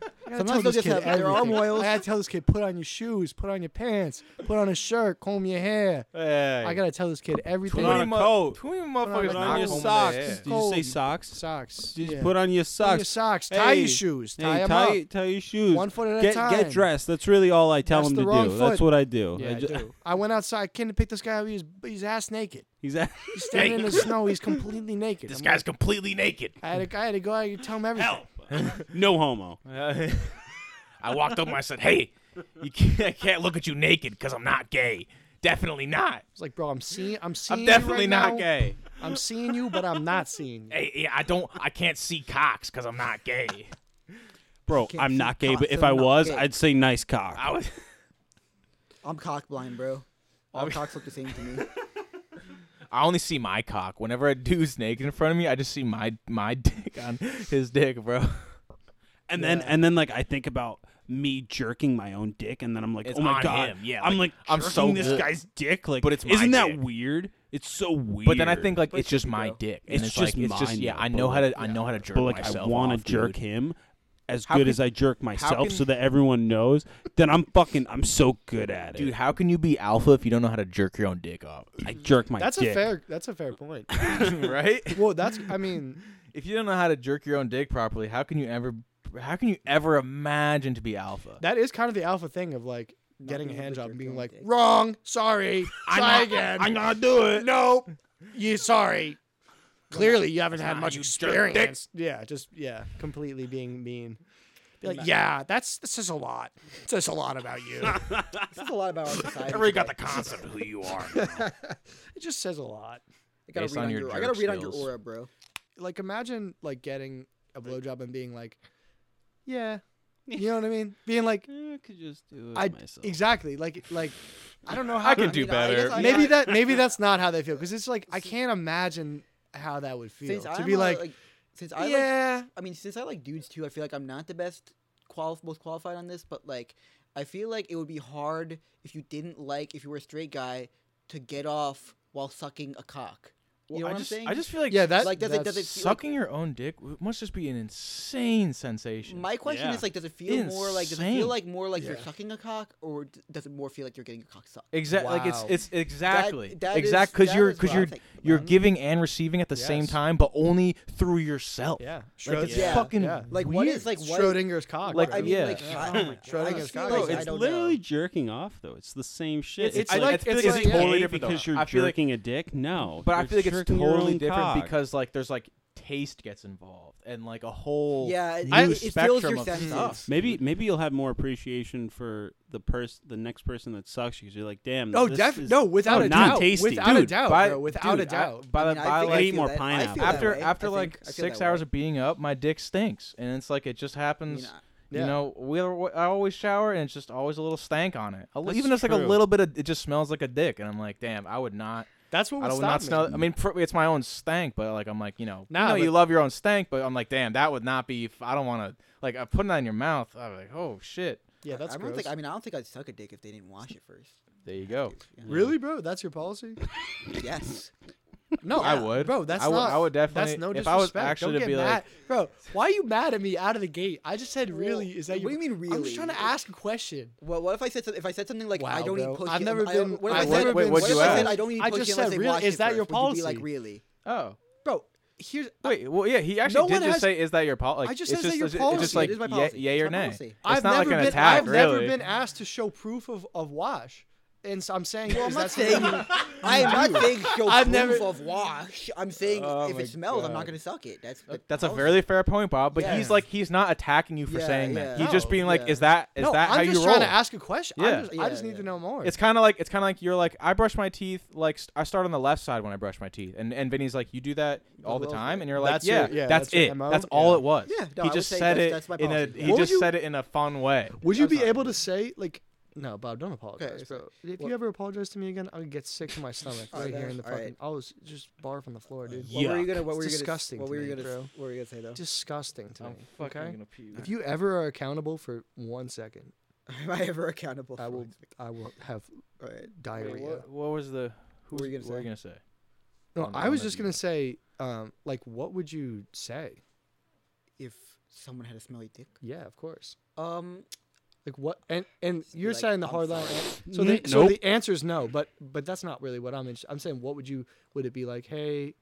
[SPEAKER 2] I gotta
[SPEAKER 1] Sometimes they'll
[SPEAKER 2] tell this
[SPEAKER 1] just
[SPEAKER 2] kid
[SPEAKER 1] have- there are
[SPEAKER 2] everything.
[SPEAKER 1] moils.
[SPEAKER 2] I gotta tell this kid, put on your shoes, put on your pants, put on a shirt, comb your hair.
[SPEAKER 4] Hey.
[SPEAKER 2] I gotta tell this kid everything.
[SPEAKER 3] Put on a
[SPEAKER 4] mu-
[SPEAKER 3] coat.
[SPEAKER 4] Too many
[SPEAKER 2] on
[SPEAKER 4] motherfuckers
[SPEAKER 2] a
[SPEAKER 4] knock
[SPEAKER 2] coat.
[SPEAKER 3] your
[SPEAKER 4] home
[SPEAKER 3] socks.
[SPEAKER 4] in the head.
[SPEAKER 3] Did you say
[SPEAKER 2] Cold.
[SPEAKER 3] socks?
[SPEAKER 2] socks.
[SPEAKER 3] Just
[SPEAKER 2] yeah.
[SPEAKER 3] put on your
[SPEAKER 2] Put on your
[SPEAKER 3] socks.
[SPEAKER 2] socks. Tie
[SPEAKER 3] Hey,
[SPEAKER 2] your shoes.
[SPEAKER 3] Hey,
[SPEAKER 2] tie 'em
[SPEAKER 3] tie,
[SPEAKER 2] up.
[SPEAKER 3] tie your shoes.
[SPEAKER 2] One foot at a
[SPEAKER 3] get, Get
[SPEAKER 2] time.
[SPEAKER 3] dressed. That's really all I tell
[SPEAKER 2] That's
[SPEAKER 3] him
[SPEAKER 2] the
[SPEAKER 3] to
[SPEAKER 2] wrong
[SPEAKER 3] do. That's
[SPEAKER 2] foot.
[SPEAKER 3] what I do.
[SPEAKER 2] Yeah, I,
[SPEAKER 3] ju-
[SPEAKER 2] do. I went outside. Ken to pick this guy up. He's he's ass naked.
[SPEAKER 3] He's at,
[SPEAKER 2] He's standing in the snow. He's completely naked.
[SPEAKER 9] This
[SPEAKER 2] I'm
[SPEAKER 9] guy's completely naked.
[SPEAKER 2] like, I had to, I had to go. I had to tell him everything.
[SPEAKER 3] no homo.
[SPEAKER 9] I walked up and I said, "Hey, you can't, I can't look at you naked because I'm not gay. Definitely not.
[SPEAKER 2] It's like, bro, I'm seeing. I'm seeing.
[SPEAKER 9] I'm
[SPEAKER 2] you right
[SPEAKER 9] definitely not
[SPEAKER 2] now.
[SPEAKER 9] gay.
[SPEAKER 2] I'm seeing you, but I'm not seeing you.
[SPEAKER 9] Hey, yeah, I don't. I can't see cocks because I'm not gay.
[SPEAKER 3] Bro,
[SPEAKER 1] Can't
[SPEAKER 3] I'm
[SPEAKER 1] see
[SPEAKER 3] not gay,
[SPEAKER 1] cock,
[SPEAKER 3] but if
[SPEAKER 1] so
[SPEAKER 3] I
[SPEAKER 1] not
[SPEAKER 3] was,
[SPEAKER 1] gay.
[SPEAKER 3] I'd say nice cock.
[SPEAKER 9] I was.
[SPEAKER 1] I'm cockblind, um, bro. All cocks look the same to me.
[SPEAKER 4] I only see my cock. Whenever a dude's naked in front of me, I just see my my dick on his dick, bro.
[SPEAKER 3] and then and then like I think about me jerking my own dick, and then I'm like,
[SPEAKER 9] It's
[SPEAKER 3] oh my
[SPEAKER 9] on
[SPEAKER 3] god,
[SPEAKER 9] him, yeah,
[SPEAKER 3] I'm like
[SPEAKER 9] like, I'm
[SPEAKER 3] jerking
[SPEAKER 9] so
[SPEAKER 3] this
[SPEAKER 9] good.
[SPEAKER 3] guy's dick, like,
[SPEAKER 9] But it's my
[SPEAKER 3] isn't that
[SPEAKER 9] dick.
[SPEAKER 3] weird? It's so weird.
[SPEAKER 4] But then I think like it's just
[SPEAKER 1] you
[SPEAKER 4] my
[SPEAKER 1] go.
[SPEAKER 4] dick. And
[SPEAKER 3] It's
[SPEAKER 4] it's, like,
[SPEAKER 3] just
[SPEAKER 4] it's just
[SPEAKER 3] mine,
[SPEAKER 4] yeah.
[SPEAKER 3] though,
[SPEAKER 4] I
[SPEAKER 3] but
[SPEAKER 4] know how
[SPEAKER 3] like-
[SPEAKER 4] to I know how to jerk
[SPEAKER 3] but like I
[SPEAKER 4] myself.
[SPEAKER 3] want to
[SPEAKER 4] off,
[SPEAKER 3] jerk
[SPEAKER 4] dude.
[SPEAKER 3] him as
[SPEAKER 4] How
[SPEAKER 3] good
[SPEAKER 4] can-
[SPEAKER 3] as I jerk myself,
[SPEAKER 4] can-
[SPEAKER 3] so that everyone knows. Then I'm fucking, I'm so good at it.
[SPEAKER 4] Dude, how can you be alpha if you don't know how to jerk your own dick off?
[SPEAKER 3] I jerk my
[SPEAKER 2] That's
[SPEAKER 3] dick.
[SPEAKER 2] a fair. That's a fair point.
[SPEAKER 4] right?
[SPEAKER 2] Well, that's. I mean,
[SPEAKER 4] If you don't know how to jerk your own dick properly, how can you ever how can you ever imagine to be alpha?
[SPEAKER 2] that is kind of the alpha thing of like getting a
[SPEAKER 1] being able
[SPEAKER 2] hand
[SPEAKER 1] to
[SPEAKER 2] job
[SPEAKER 1] jerk
[SPEAKER 2] and
[SPEAKER 1] your
[SPEAKER 2] being
[SPEAKER 1] own
[SPEAKER 2] like,
[SPEAKER 1] dick.
[SPEAKER 2] wrong, sorry, try again.
[SPEAKER 3] I'm not do it.
[SPEAKER 2] Nope, you sorry. Clearly, you haven't had
[SPEAKER 9] not
[SPEAKER 2] much
[SPEAKER 9] how you jerk dick.
[SPEAKER 2] experience. Yeah, just yeah, completely being mean. Be like, yeah, that's this is a lot. This is a lot about you. it
[SPEAKER 1] This is a lot about our society.
[SPEAKER 9] I already got
[SPEAKER 1] today.
[SPEAKER 9] the concept of who you are.
[SPEAKER 2] just says a lot.
[SPEAKER 1] I gotta
[SPEAKER 4] based
[SPEAKER 1] read
[SPEAKER 4] on
[SPEAKER 1] on
[SPEAKER 4] your
[SPEAKER 1] your. I
[SPEAKER 4] jerk
[SPEAKER 1] gotta read on your
[SPEAKER 4] skills.
[SPEAKER 1] aura, bro.
[SPEAKER 2] Like, imagine like getting a blowjob and being like, yeah, you know what I mean? Being like,
[SPEAKER 3] I could just do it
[SPEAKER 2] I
[SPEAKER 3] myself.
[SPEAKER 2] exactly like like I don't know how
[SPEAKER 4] I can
[SPEAKER 2] mean,
[SPEAKER 4] do
[SPEAKER 1] mean, I guess
[SPEAKER 4] better.
[SPEAKER 1] I-
[SPEAKER 2] maybe that maybe that's not how they feel because it's like I can't imagine how that would feel
[SPEAKER 1] Since
[SPEAKER 2] to
[SPEAKER 1] I'm
[SPEAKER 2] be
[SPEAKER 1] a,
[SPEAKER 2] like,
[SPEAKER 1] since I like,
[SPEAKER 2] yeah
[SPEAKER 1] I mean, since I like dudes too, I feel like I'm not the best, qual- most qualified on this, but like, I feel like it would be hard if you didn't like, if you were a straight guy, to get off while sucking a cock.
[SPEAKER 4] Well,
[SPEAKER 1] You know
[SPEAKER 4] I
[SPEAKER 1] what
[SPEAKER 4] just,
[SPEAKER 1] I'm saying?
[SPEAKER 4] I just feel like
[SPEAKER 2] Yeah, that-
[SPEAKER 1] Like, does it-
[SPEAKER 4] that
[SPEAKER 1] does it feel like-
[SPEAKER 4] sucking your own dick w- must just be an insane sensation.
[SPEAKER 1] My question
[SPEAKER 4] Yeah.
[SPEAKER 1] is like, does it feel more like does it
[SPEAKER 4] Insane.
[SPEAKER 1] feel like more like you're
[SPEAKER 4] Yeah.
[SPEAKER 1] sucking a cock, or d- does it more feel like you're getting your cock sucked?
[SPEAKER 4] Exactly. Like it's
[SPEAKER 1] Wow.
[SPEAKER 4] it's
[SPEAKER 1] That-
[SPEAKER 4] exactly
[SPEAKER 1] that is-
[SPEAKER 4] exactly because
[SPEAKER 1] that
[SPEAKER 4] you're
[SPEAKER 1] is what
[SPEAKER 4] because
[SPEAKER 1] I'm
[SPEAKER 4] you're
[SPEAKER 1] thinking.
[SPEAKER 4] you're giving and receiving at the same
[SPEAKER 1] Yes.
[SPEAKER 4] time, but only through yourself.
[SPEAKER 1] Yeah.
[SPEAKER 4] Like,
[SPEAKER 1] Schrodinger's-
[SPEAKER 4] it's
[SPEAKER 1] yeah.
[SPEAKER 4] fucking
[SPEAKER 1] Yeah. Like,
[SPEAKER 4] weird.
[SPEAKER 1] what is, like, what- Schrodinger's cock, Like, bro. I mean,
[SPEAKER 4] yeah.
[SPEAKER 1] like, I- oh my God. Schrodinger's cock.
[SPEAKER 3] No,
[SPEAKER 1] Like, I
[SPEAKER 3] it's
[SPEAKER 1] don't
[SPEAKER 3] literally jerking off though. It's the same shit.
[SPEAKER 4] It's- I like- it's
[SPEAKER 3] is
[SPEAKER 4] like-
[SPEAKER 3] it
[SPEAKER 4] yeah. totally
[SPEAKER 3] gay
[SPEAKER 4] different, though.
[SPEAKER 3] because you're
[SPEAKER 4] I feel like-
[SPEAKER 3] jerking a dick. No,
[SPEAKER 4] But I
[SPEAKER 3] you're
[SPEAKER 4] feel like it's
[SPEAKER 3] jerking your
[SPEAKER 4] totally
[SPEAKER 3] own
[SPEAKER 4] different
[SPEAKER 3] cock.
[SPEAKER 4] because like there's like taste gets involved and like a whole
[SPEAKER 1] Yeah, it-
[SPEAKER 4] new
[SPEAKER 1] I- it fills
[SPEAKER 4] spectrum
[SPEAKER 1] your
[SPEAKER 4] of
[SPEAKER 1] senses.
[SPEAKER 4] stuff.
[SPEAKER 3] Maybe maybe you'll have more appreciation for the person, the next person that sucks you. 'cause You're like, damn.
[SPEAKER 2] Oh,
[SPEAKER 3] this
[SPEAKER 2] def-
[SPEAKER 3] is-
[SPEAKER 2] no, without
[SPEAKER 3] no,
[SPEAKER 2] a
[SPEAKER 3] not
[SPEAKER 2] doubt.
[SPEAKER 3] tasty.
[SPEAKER 2] Without a
[SPEAKER 3] Dude,
[SPEAKER 2] doubt,
[SPEAKER 3] by-
[SPEAKER 2] bro, Oh, without a
[SPEAKER 3] dude, I-
[SPEAKER 2] doubt.
[SPEAKER 4] by
[SPEAKER 2] I
[SPEAKER 4] the
[SPEAKER 2] mean, I
[SPEAKER 4] by
[SPEAKER 2] think
[SPEAKER 4] like
[SPEAKER 2] I feel
[SPEAKER 3] more
[SPEAKER 2] that- I
[SPEAKER 3] pineapple.
[SPEAKER 2] feel that
[SPEAKER 4] after
[SPEAKER 2] way.
[SPEAKER 4] after
[SPEAKER 2] I
[SPEAKER 4] like
[SPEAKER 2] think- I feel
[SPEAKER 4] six
[SPEAKER 2] that
[SPEAKER 4] hours
[SPEAKER 2] way.
[SPEAKER 4] of being up, my dick stinks, and it's like it just happens.
[SPEAKER 2] Yeah.
[SPEAKER 4] You know, we I always shower, and it's just always a little stank on it. A li-
[SPEAKER 2] That's
[SPEAKER 4] Even just like a
[SPEAKER 2] true.
[SPEAKER 4] little bit of it just smells like a dick, and I'm like, damn, I would not.
[SPEAKER 2] That's what
[SPEAKER 4] I
[SPEAKER 2] would
[SPEAKER 4] would not
[SPEAKER 2] stop me.
[SPEAKER 4] smell. I mean, pr- it's my own stank, but like I'm like, you know,
[SPEAKER 2] Nah,
[SPEAKER 4] you, know, you
[SPEAKER 2] but-
[SPEAKER 4] love your own stank, but I'm like, damn, that would not be. F- I don't want to like uh, putting that in your mouth. I'm like, oh shit.
[SPEAKER 1] I- I don't think. I mean, I don't think I'd suck a dick if they didn't wash it first.
[SPEAKER 4] There you go.
[SPEAKER 2] Really, bro? That's your policy?
[SPEAKER 1] yes.
[SPEAKER 2] No,
[SPEAKER 4] I
[SPEAKER 2] yeah.
[SPEAKER 4] would.
[SPEAKER 2] bro. That's
[SPEAKER 4] I would-
[SPEAKER 2] not.
[SPEAKER 4] I would
[SPEAKER 2] That's
[SPEAKER 4] definitely-
[SPEAKER 2] no
[SPEAKER 4] if
[SPEAKER 2] disrespect.
[SPEAKER 4] I was actually
[SPEAKER 2] Don't
[SPEAKER 4] to
[SPEAKER 2] get
[SPEAKER 4] be
[SPEAKER 2] mad,
[SPEAKER 4] like-
[SPEAKER 2] bro. Why are you mad at me out of the gate? I just said really. Is that you?
[SPEAKER 1] what do you mean
[SPEAKER 2] I'm just
[SPEAKER 1] really?
[SPEAKER 2] trying to ask a question.
[SPEAKER 1] Well, what if I said some- if I said something like I
[SPEAKER 2] Wow,
[SPEAKER 1] don't
[SPEAKER 2] bro.
[SPEAKER 1] eat pussy?
[SPEAKER 2] I've never
[SPEAKER 1] I don't-
[SPEAKER 2] been-
[SPEAKER 1] What if
[SPEAKER 2] I've
[SPEAKER 1] I said,
[SPEAKER 2] neid-
[SPEAKER 4] wait,
[SPEAKER 1] what
[SPEAKER 4] what'd
[SPEAKER 1] if
[SPEAKER 4] you
[SPEAKER 1] I said
[SPEAKER 4] ask?
[SPEAKER 1] I don't eat
[SPEAKER 2] I
[SPEAKER 1] pussy
[SPEAKER 2] just
[SPEAKER 1] unless
[SPEAKER 2] said
[SPEAKER 1] they
[SPEAKER 2] really-
[SPEAKER 1] wash
[SPEAKER 2] is
[SPEAKER 1] it
[SPEAKER 2] that
[SPEAKER 1] first?
[SPEAKER 2] your
[SPEAKER 1] Would you be
[SPEAKER 2] policy?
[SPEAKER 1] like really?
[SPEAKER 4] Oh,
[SPEAKER 2] Bro, here's.
[SPEAKER 4] Wait, well, yeah, he actually
[SPEAKER 2] No
[SPEAKER 4] did
[SPEAKER 2] one
[SPEAKER 4] just
[SPEAKER 2] has-
[SPEAKER 4] say, "Is that your policy?" Like,
[SPEAKER 2] I just said,
[SPEAKER 4] it's
[SPEAKER 2] "Is that
[SPEAKER 4] it's
[SPEAKER 2] your
[SPEAKER 4] just-
[SPEAKER 2] policy?" It
[SPEAKER 4] It's just
[SPEAKER 2] is my
[SPEAKER 4] like ye-
[SPEAKER 1] policy.
[SPEAKER 4] yay
[SPEAKER 1] It's my
[SPEAKER 4] or nay.
[SPEAKER 1] policy.
[SPEAKER 4] It's
[SPEAKER 2] I've
[SPEAKER 4] not
[SPEAKER 2] never
[SPEAKER 4] like an
[SPEAKER 2] been.
[SPEAKER 4] attack,
[SPEAKER 2] I've
[SPEAKER 4] really.
[SPEAKER 2] never been asked to show proof of of wash, and so I'm saying.
[SPEAKER 1] Well, I'm
[SPEAKER 2] is
[SPEAKER 1] not
[SPEAKER 2] that
[SPEAKER 1] saying.
[SPEAKER 2] something you-
[SPEAKER 1] I am
[SPEAKER 2] you do?
[SPEAKER 1] not saying show
[SPEAKER 2] I've
[SPEAKER 1] proof
[SPEAKER 2] never-
[SPEAKER 1] of wash. I'm saying
[SPEAKER 4] Oh
[SPEAKER 1] if
[SPEAKER 4] my
[SPEAKER 1] it smells, I'm
[SPEAKER 4] God.
[SPEAKER 1] not gonna suck it. That's the
[SPEAKER 4] That's a
[SPEAKER 1] policy.
[SPEAKER 4] very fair point, Bob. But
[SPEAKER 1] Yeah.
[SPEAKER 4] he's like, he's not attacking you for
[SPEAKER 1] Yeah,
[SPEAKER 4] saying
[SPEAKER 1] yeah.
[SPEAKER 4] that. He's just
[SPEAKER 1] No,
[SPEAKER 4] being like,
[SPEAKER 1] yeah.
[SPEAKER 4] "Is that is
[SPEAKER 2] No,
[SPEAKER 4] that how
[SPEAKER 2] I'm
[SPEAKER 4] you
[SPEAKER 2] just
[SPEAKER 4] roll?"
[SPEAKER 2] trying to ask a question. I'm
[SPEAKER 4] Yeah.
[SPEAKER 2] just- I
[SPEAKER 1] Yeah,
[SPEAKER 2] just need to know more.
[SPEAKER 4] It's kind of like it's kind of like you're like I brush my teeth like st- I start on the left side when I brush my teeth, and and Vinny's like you do that all the
[SPEAKER 1] Well,
[SPEAKER 4] time, and
[SPEAKER 1] yeah.
[SPEAKER 4] you're like
[SPEAKER 2] That's
[SPEAKER 4] yeah,
[SPEAKER 2] your- yeah,
[SPEAKER 4] that's,
[SPEAKER 2] that's your
[SPEAKER 4] it,
[SPEAKER 2] MO?
[SPEAKER 4] that's all
[SPEAKER 2] Yeah.
[SPEAKER 4] it was.
[SPEAKER 1] Yeah, no, I
[SPEAKER 4] he
[SPEAKER 1] would
[SPEAKER 4] just
[SPEAKER 1] say
[SPEAKER 4] said
[SPEAKER 1] that's-
[SPEAKER 4] it
[SPEAKER 1] that's my
[SPEAKER 4] in a
[SPEAKER 1] policy.
[SPEAKER 4] he
[SPEAKER 1] What would
[SPEAKER 4] just
[SPEAKER 2] you-
[SPEAKER 4] said it in a fun way.
[SPEAKER 2] Would you be able to say like? No, Bob, don't apologize,
[SPEAKER 1] Okay,
[SPEAKER 2] bro. If
[SPEAKER 1] well-
[SPEAKER 2] you ever apologize to me again, I'll get sick to my stomach
[SPEAKER 1] All
[SPEAKER 2] right
[SPEAKER 1] right,
[SPEAKER 2] here in the
[SPEAKER 1] all right.
[SPEAKER 2] fucking. I'll s- just barf on the floor, dude.
[SPEAKER 1] What were you gonna? What
[SPEAKER 2] It's
[SPEAKER 1] were you gonna?
[SPEAKER 2] disgusting
[SPEAKER 1] What
[SPEAKER 2] to
[SPEAKER 1] were you gonna?
[SPEAKER 2] me, bro.
[SPEAKER 1] What were you gonna say though?
[SPEAKER 2] Disgusting to
[SPEAKER 4] I'm
[SPEAKER 2] me.
[SPEAKER 4] fucking
[SPEAKER 2] okay?
[SPEAKER 4] gonna puke.
[SPEAKER 2] If you ever are accountable for one second,
[SPEAKER 1] Am I ever accountable?
[SPEAKER 2] I
[SPEAKER 1] for
[SPEAKER 2] will.
[SPEAKER 1] it?
[SPEAKER 2] I will have
[SPEAKER 1] All right.
[SPEAKER 2] diarrhea.
[SPEAKER 4] What, what was the who
[SPEAKER 1] What were you gonna
[SPEAKER 4] what were
[SPEAKER 1] say?
[SPEAKER 4] you gonna say?
[SPEAKER 1] Oh,
[SPEAKER 2] No,
[SPEAKER 4] I'm-
[SPEAKER 2] I
[SPEAKER 4] I'm
[SPEAKER 2] was
[SPEAKER 4] gonna
[SPEAKER 2] just
[SPEAKER 4] do
[SPEAKER 2] gonna say, um, like, what would you say?
[SPEAKER 1] If someone had a smelly dick,
[SPEAKER 2] Yeah, of course.
[SPEAKER 1] um,
[SPEAKER 2] Like what? And and
[SPEAKER 1] be
[SPEAKER 2] you're
[SPEAKER 1] like,
[SPEAKER 2] saying the
[SPEAKER 1] "I'm
[SPEAKER 2] hard line.
[SPEAKER 1] sorry."
[SPEAKER 2] an- So the so the answer is no, but but that's not really what I'm. Interested. I'm saying, what would you? Would it be like, hey,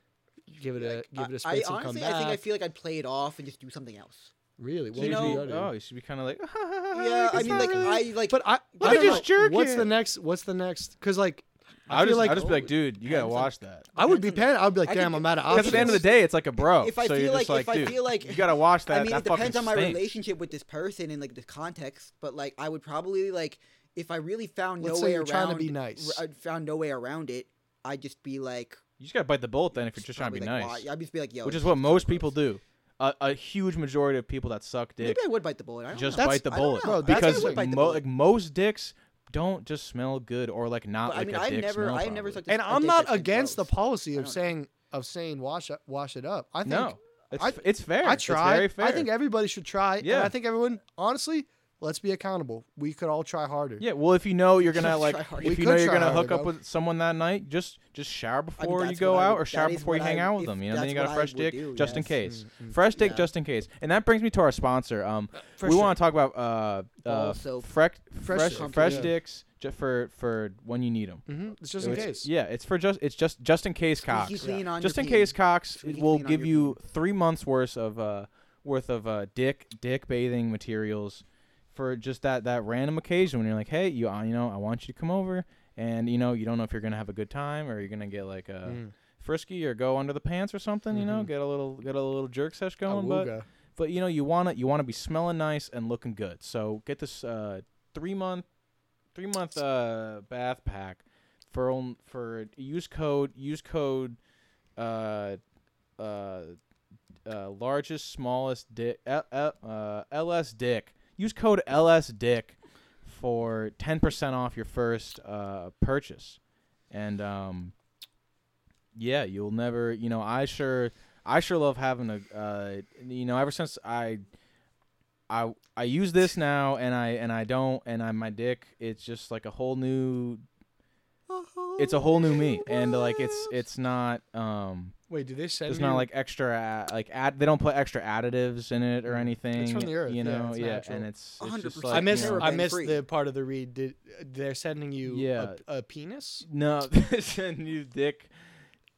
[SPEAKER 2] give it a give it a
[SPEAKER 1] I, I
[SPEAKER 2] space and come
[SPEAKER 1] honestly,
[SPEAKER 2] back?
[SPEAKER 1] I think I feel like I'd play it off and just do something else.
[SPEAKER 2] really, what
[SPEAKER 1] You
[SPEAKER 2] would
[SPEAKER 1] know-
[SPEAKER 2] you
[SPEAKER 4] You-
[SPEAKER 2] go to?
[SPEAKER 4] oh, you should be kind of like
[SPEAKER 2] Uh,
[SPEAKER 1] Yeah, I mean, like I like.
[SPEAKER 2] but I
[SPEAKER 1] Let
[SPEAKER 2] I
[SPEAKER 1] me
[SPEAKER 2] don't know,
[SPEAKER 1] just
[SPEAKER 4] jerk
[SPEAKER 2] What's the
[SPEAKER 4] it.
[SPEAKER 2] next? What's the next? Because like, I,
[SPEAKER 4] I
[SPEAKER 2] feel
[SPEAKER 4] just
[SPEAKER 2] like
[SPEAKER 4] I just be like, dude, you gotta
[SPEAKER 1] Depends on-
[SPEAKER 4] watch that.
[SPEAKER 2] I would be
[SPEAKER 1] depends on the-
[SPEAKER 2] panicked. I'd be like,
[SPEAKER 1] I
[SPEAKER 2] damn,
[SPEAKER 1] think
[SPEAKER 2] I'm out of
[SPEAKER 4] Because
[SPEAKER 2] options.
[SPEAKER 4] at the end of the day, it's like a bro.
[SPEAKER 1] if I
[SPEAKER 4] so
[SPEAKER 1] feel
[SPEAKER 4] you're
[SPEAKER 1] like,
[SPEAKER 4] just like,
[SPEAKER 1] if I
[SPEAKER 4] dude,
[SPEAKER 1] feel like,
[SPEAKER 4] you gotta watch that.
[SPEAKER 1] I mean,
[SPEAKER 4] that
[SPEAKER 1] it depends
[SPEAKER 4] fucking
[SPEAKER 1] on my
[SPEAKER 4] stinks.
[SPEAKER 1] relationship with this person and like the context, but like I would probably like if I really found
[SPEAKER 2] Let's
[SPEAKER 1] no
[SPEAKER 2] say
[SPEAKER 1] way
[SPEAKER 2] you're
[SPEAKER 1] around.
[SPEAKER 2] trying to be nice.
[SPEAKER 1] I found no way around it. I'd just be like,
[SPEAKER 4] You just gotta bite the bullet then if you're just trying to
[SPEAKER 1] probably,
[SPEAKER 4] be
[SPEAKER 1] like,
[SPEAKER 4] nice.
[SPEAKER 1] why- I'd just be like, yo,
[SPEAKER 4] which
[SPEAKER 1] this
[SPEAKER 4] is what
[SPEAKER 1] kinda
[SPEAKER 4] most
[SPEAKER 1] gross.
[SPEAKER 4] people do. A, a huge majority of people that suck dick
[SPEAKER 1] Maybe I would bite the bullet. I don't
[SPEAKER 4] just
[SPEAKER 1] know.
[SPEAKER 4] bite the
[SPEAKER 1] I don't
[SPEAKER 4] bullet
[SPEAKER 1] know. I think I
[SPEAKER 4] because
[SPEAKER 1] would bite the
[SPEAKER 4] mo-
[SPEAKER 1] bullet.
[SPEAKER 4] like most dicks don't just smell good or like not
[SPEAKER 1] But, I
[SPEAKER 4] like
[SPEAKER 1] mean,
[SPEAKER 4] a
[SPEAKER 1] I've
[SPEAKER 4] dick
[SPEAKER 1] never,
[SPEAKER 4] smell
[SPEAKER 1] I've never
[SPEAKER 4] probably.
[SPEAKER 1] sucked. a-
[SPEAKER 2] and
[SPEAKER 1] a
[SPEAKER 2] I'm
[SPEAKER 1] dick
[SPEAKER 2] not
[SPEAKER 1] that's been
[SPEAKER 2] against the
[SPEAKER 1] gross.
[SPEAKER 2] policy
[SPEAKER 1] I
[SPEAKER 2] of
[SPEAKER 1] don't-
[SPEAKER 2] saying of saying wash up, wash it up. I think
[SPEAKER 4] no. It's,
[SPEAKER 2] I-
[SPEAKER 4] f- it's fair.
[SPEAKER 2] I
[SPEAKER 4] It's
[SPEAKER 2] try.
[SPEAKER 4] very fair.
[SPEAKER 2] I think everybody should try. Yeah.
[SPEAKER 4] Yeah.
[SPEAKER 2] And I think everyone, honestly, let's be accountable. We could all try harder.
[SPEAKER 4] yeah. Well, if you know you're
[SPEAKER 1] Try
[SPEAKER 4] gonna like,
[SPEAKER 1] harder.
[SPEAKER 2] We
[SPEAKER 4] if you
[SPEAKER 2] could
[SPEAKER 4] know you're
[SPEAKER 2] try
[SPEAKER 4] gonna
[SPEAKER 2] harder,
[SPEAKER 4] hook up
[SPEAKER 2] though.
[SPEAKER 4] with someone that night, just just shower before you
[SPEAKER 1] that's
[SPEAKER 4] go
[SPEAKER 1] what I
[SPEAKER 4] out,
[SPEAKER 1] would-
[SPEAKER 4] or shower
[SPEAKER 1] that is
[SPEAKER 4] before you
[SPEAKER 1] what I
[SPEAKER 4] hang
[SPEAKER 1] would-
[SPEAKER 4] out with
[SPEAKER 1] if
[SPEAKER 4] them. You know,
[SPEAKER 1] that's
[SPEAKER 4] then you got a
[SPEAKER 1] what I
[SPEAKER 4] fresh
[SPEAKER 1] would
[SPEAKER 4] dick
[SPEAKER 1] do,
[SPEAKER 4] just in
[SPEAKER 1] yes.
[SPEAKER 4] case.
[SPEAKER 2] Mm, mm.
[SPEAKER 4] Fresh dick
[SPEAKER 1] Yeah. Uh,
[SPEAKER 4] just in case. And that brings me to our sponsor. Um,
[SPEAKER 2] Fresh
[SPEAKER 4] we
[SPEAKER 2] dick.
[SPEAKER 4] want to talk about uh, uh
[SPEAKER 1] Also,
[SPEAKER 4] fresh
[SPEAKER 2] Fresh
[SPEAKER 4] fresh
[SPEAKER 2] dick.
[SPEAKER 4] fresh
[SPEAKER 2] Yeah.
[SPEAKER 4] dicks ju- for for when you need them.
[SPEAKER 1] Mm-hmm.
[SPEAKER 2] hmm It's just in
[SPEAKER 4] It's-
[SPEAKER 2] case.
[SPEAKER 4] Yeah, it's for just it's just just in case Cox.
[SPEAKER 1] clean on
[SPEAKER 4] Just
[SPEAKER 1] your
[SPEAKER 4] in case
[SPEAKER 1] peen.
[SPEAKER 4] Cox
[SPEAKER 1] Squeaky
[SPEAKER 4] will
[SPEAKER 1] clean on
[SPEAKER 4] give
[SPEAKER 1] your
[SPEAKER 4] you three months worth of uh worth of uh dick dick bathing materials for just that that random occasion when you're like, hey, you uh, you know I want you to come over and you know you don't know if you're gonna have a good time or you're gonna get like a
[SPEAKER 2] Mm.
[SPEAKER 4] frisky or go under the pants or something. You
[SPEAKER 1] Mm-hmm.
[SPEAKER 4] know,
[SPEAKER 2] Mhm.
[SPEAKER 4] get a little get a little jerk sesh going, but
[SPEAKER 2] Awooga.
[SPEAKER 4] but you know you wanna you wanna be smelling nice and looking good. So get this uh three month three month uh bath pack for on, for use code use code uh uh, uh largest smallest dick L, L, uh, ls dick use code ls dick for 10% off your first uh purchase and um yeah you'll never you know i sure i sure love having a uh you know ever since i I I use this now and I and I don't and I my dick it's just like a whole new it's a whole new me, and like it's it's not. um
[SPEAKER 2] Wait, do they send?
[SPEAKER 4] There's not
[SPEAKER 2] you-
[SPEAKER 4] like extra uh, like add. They don't put extra additives in it or anything.
[SPEAKER 2] Mm. from the earth, yeah,
[SPEAKER 4] you know.
[SPEAKER 2] it's
[SPEAKER 4] Yeah,
[SPEAKER 2] natural.
[SPEAKER 4] and it's, it's just
[SPEAKER 19] 100%.
[SPEAKER 4] like
[SPEAKER 2] I miss
[SPEAKER 4] You know,
[SPEAKER 2] I miss
[SPEAKER 19] free.
[SPEAKER 2] the part of the read. Did, they're sending you
[SPEAKER 4] Yeah.
[SPEAKER 2] a, a penis?
[SPEAKER 4] no, it's a new dick.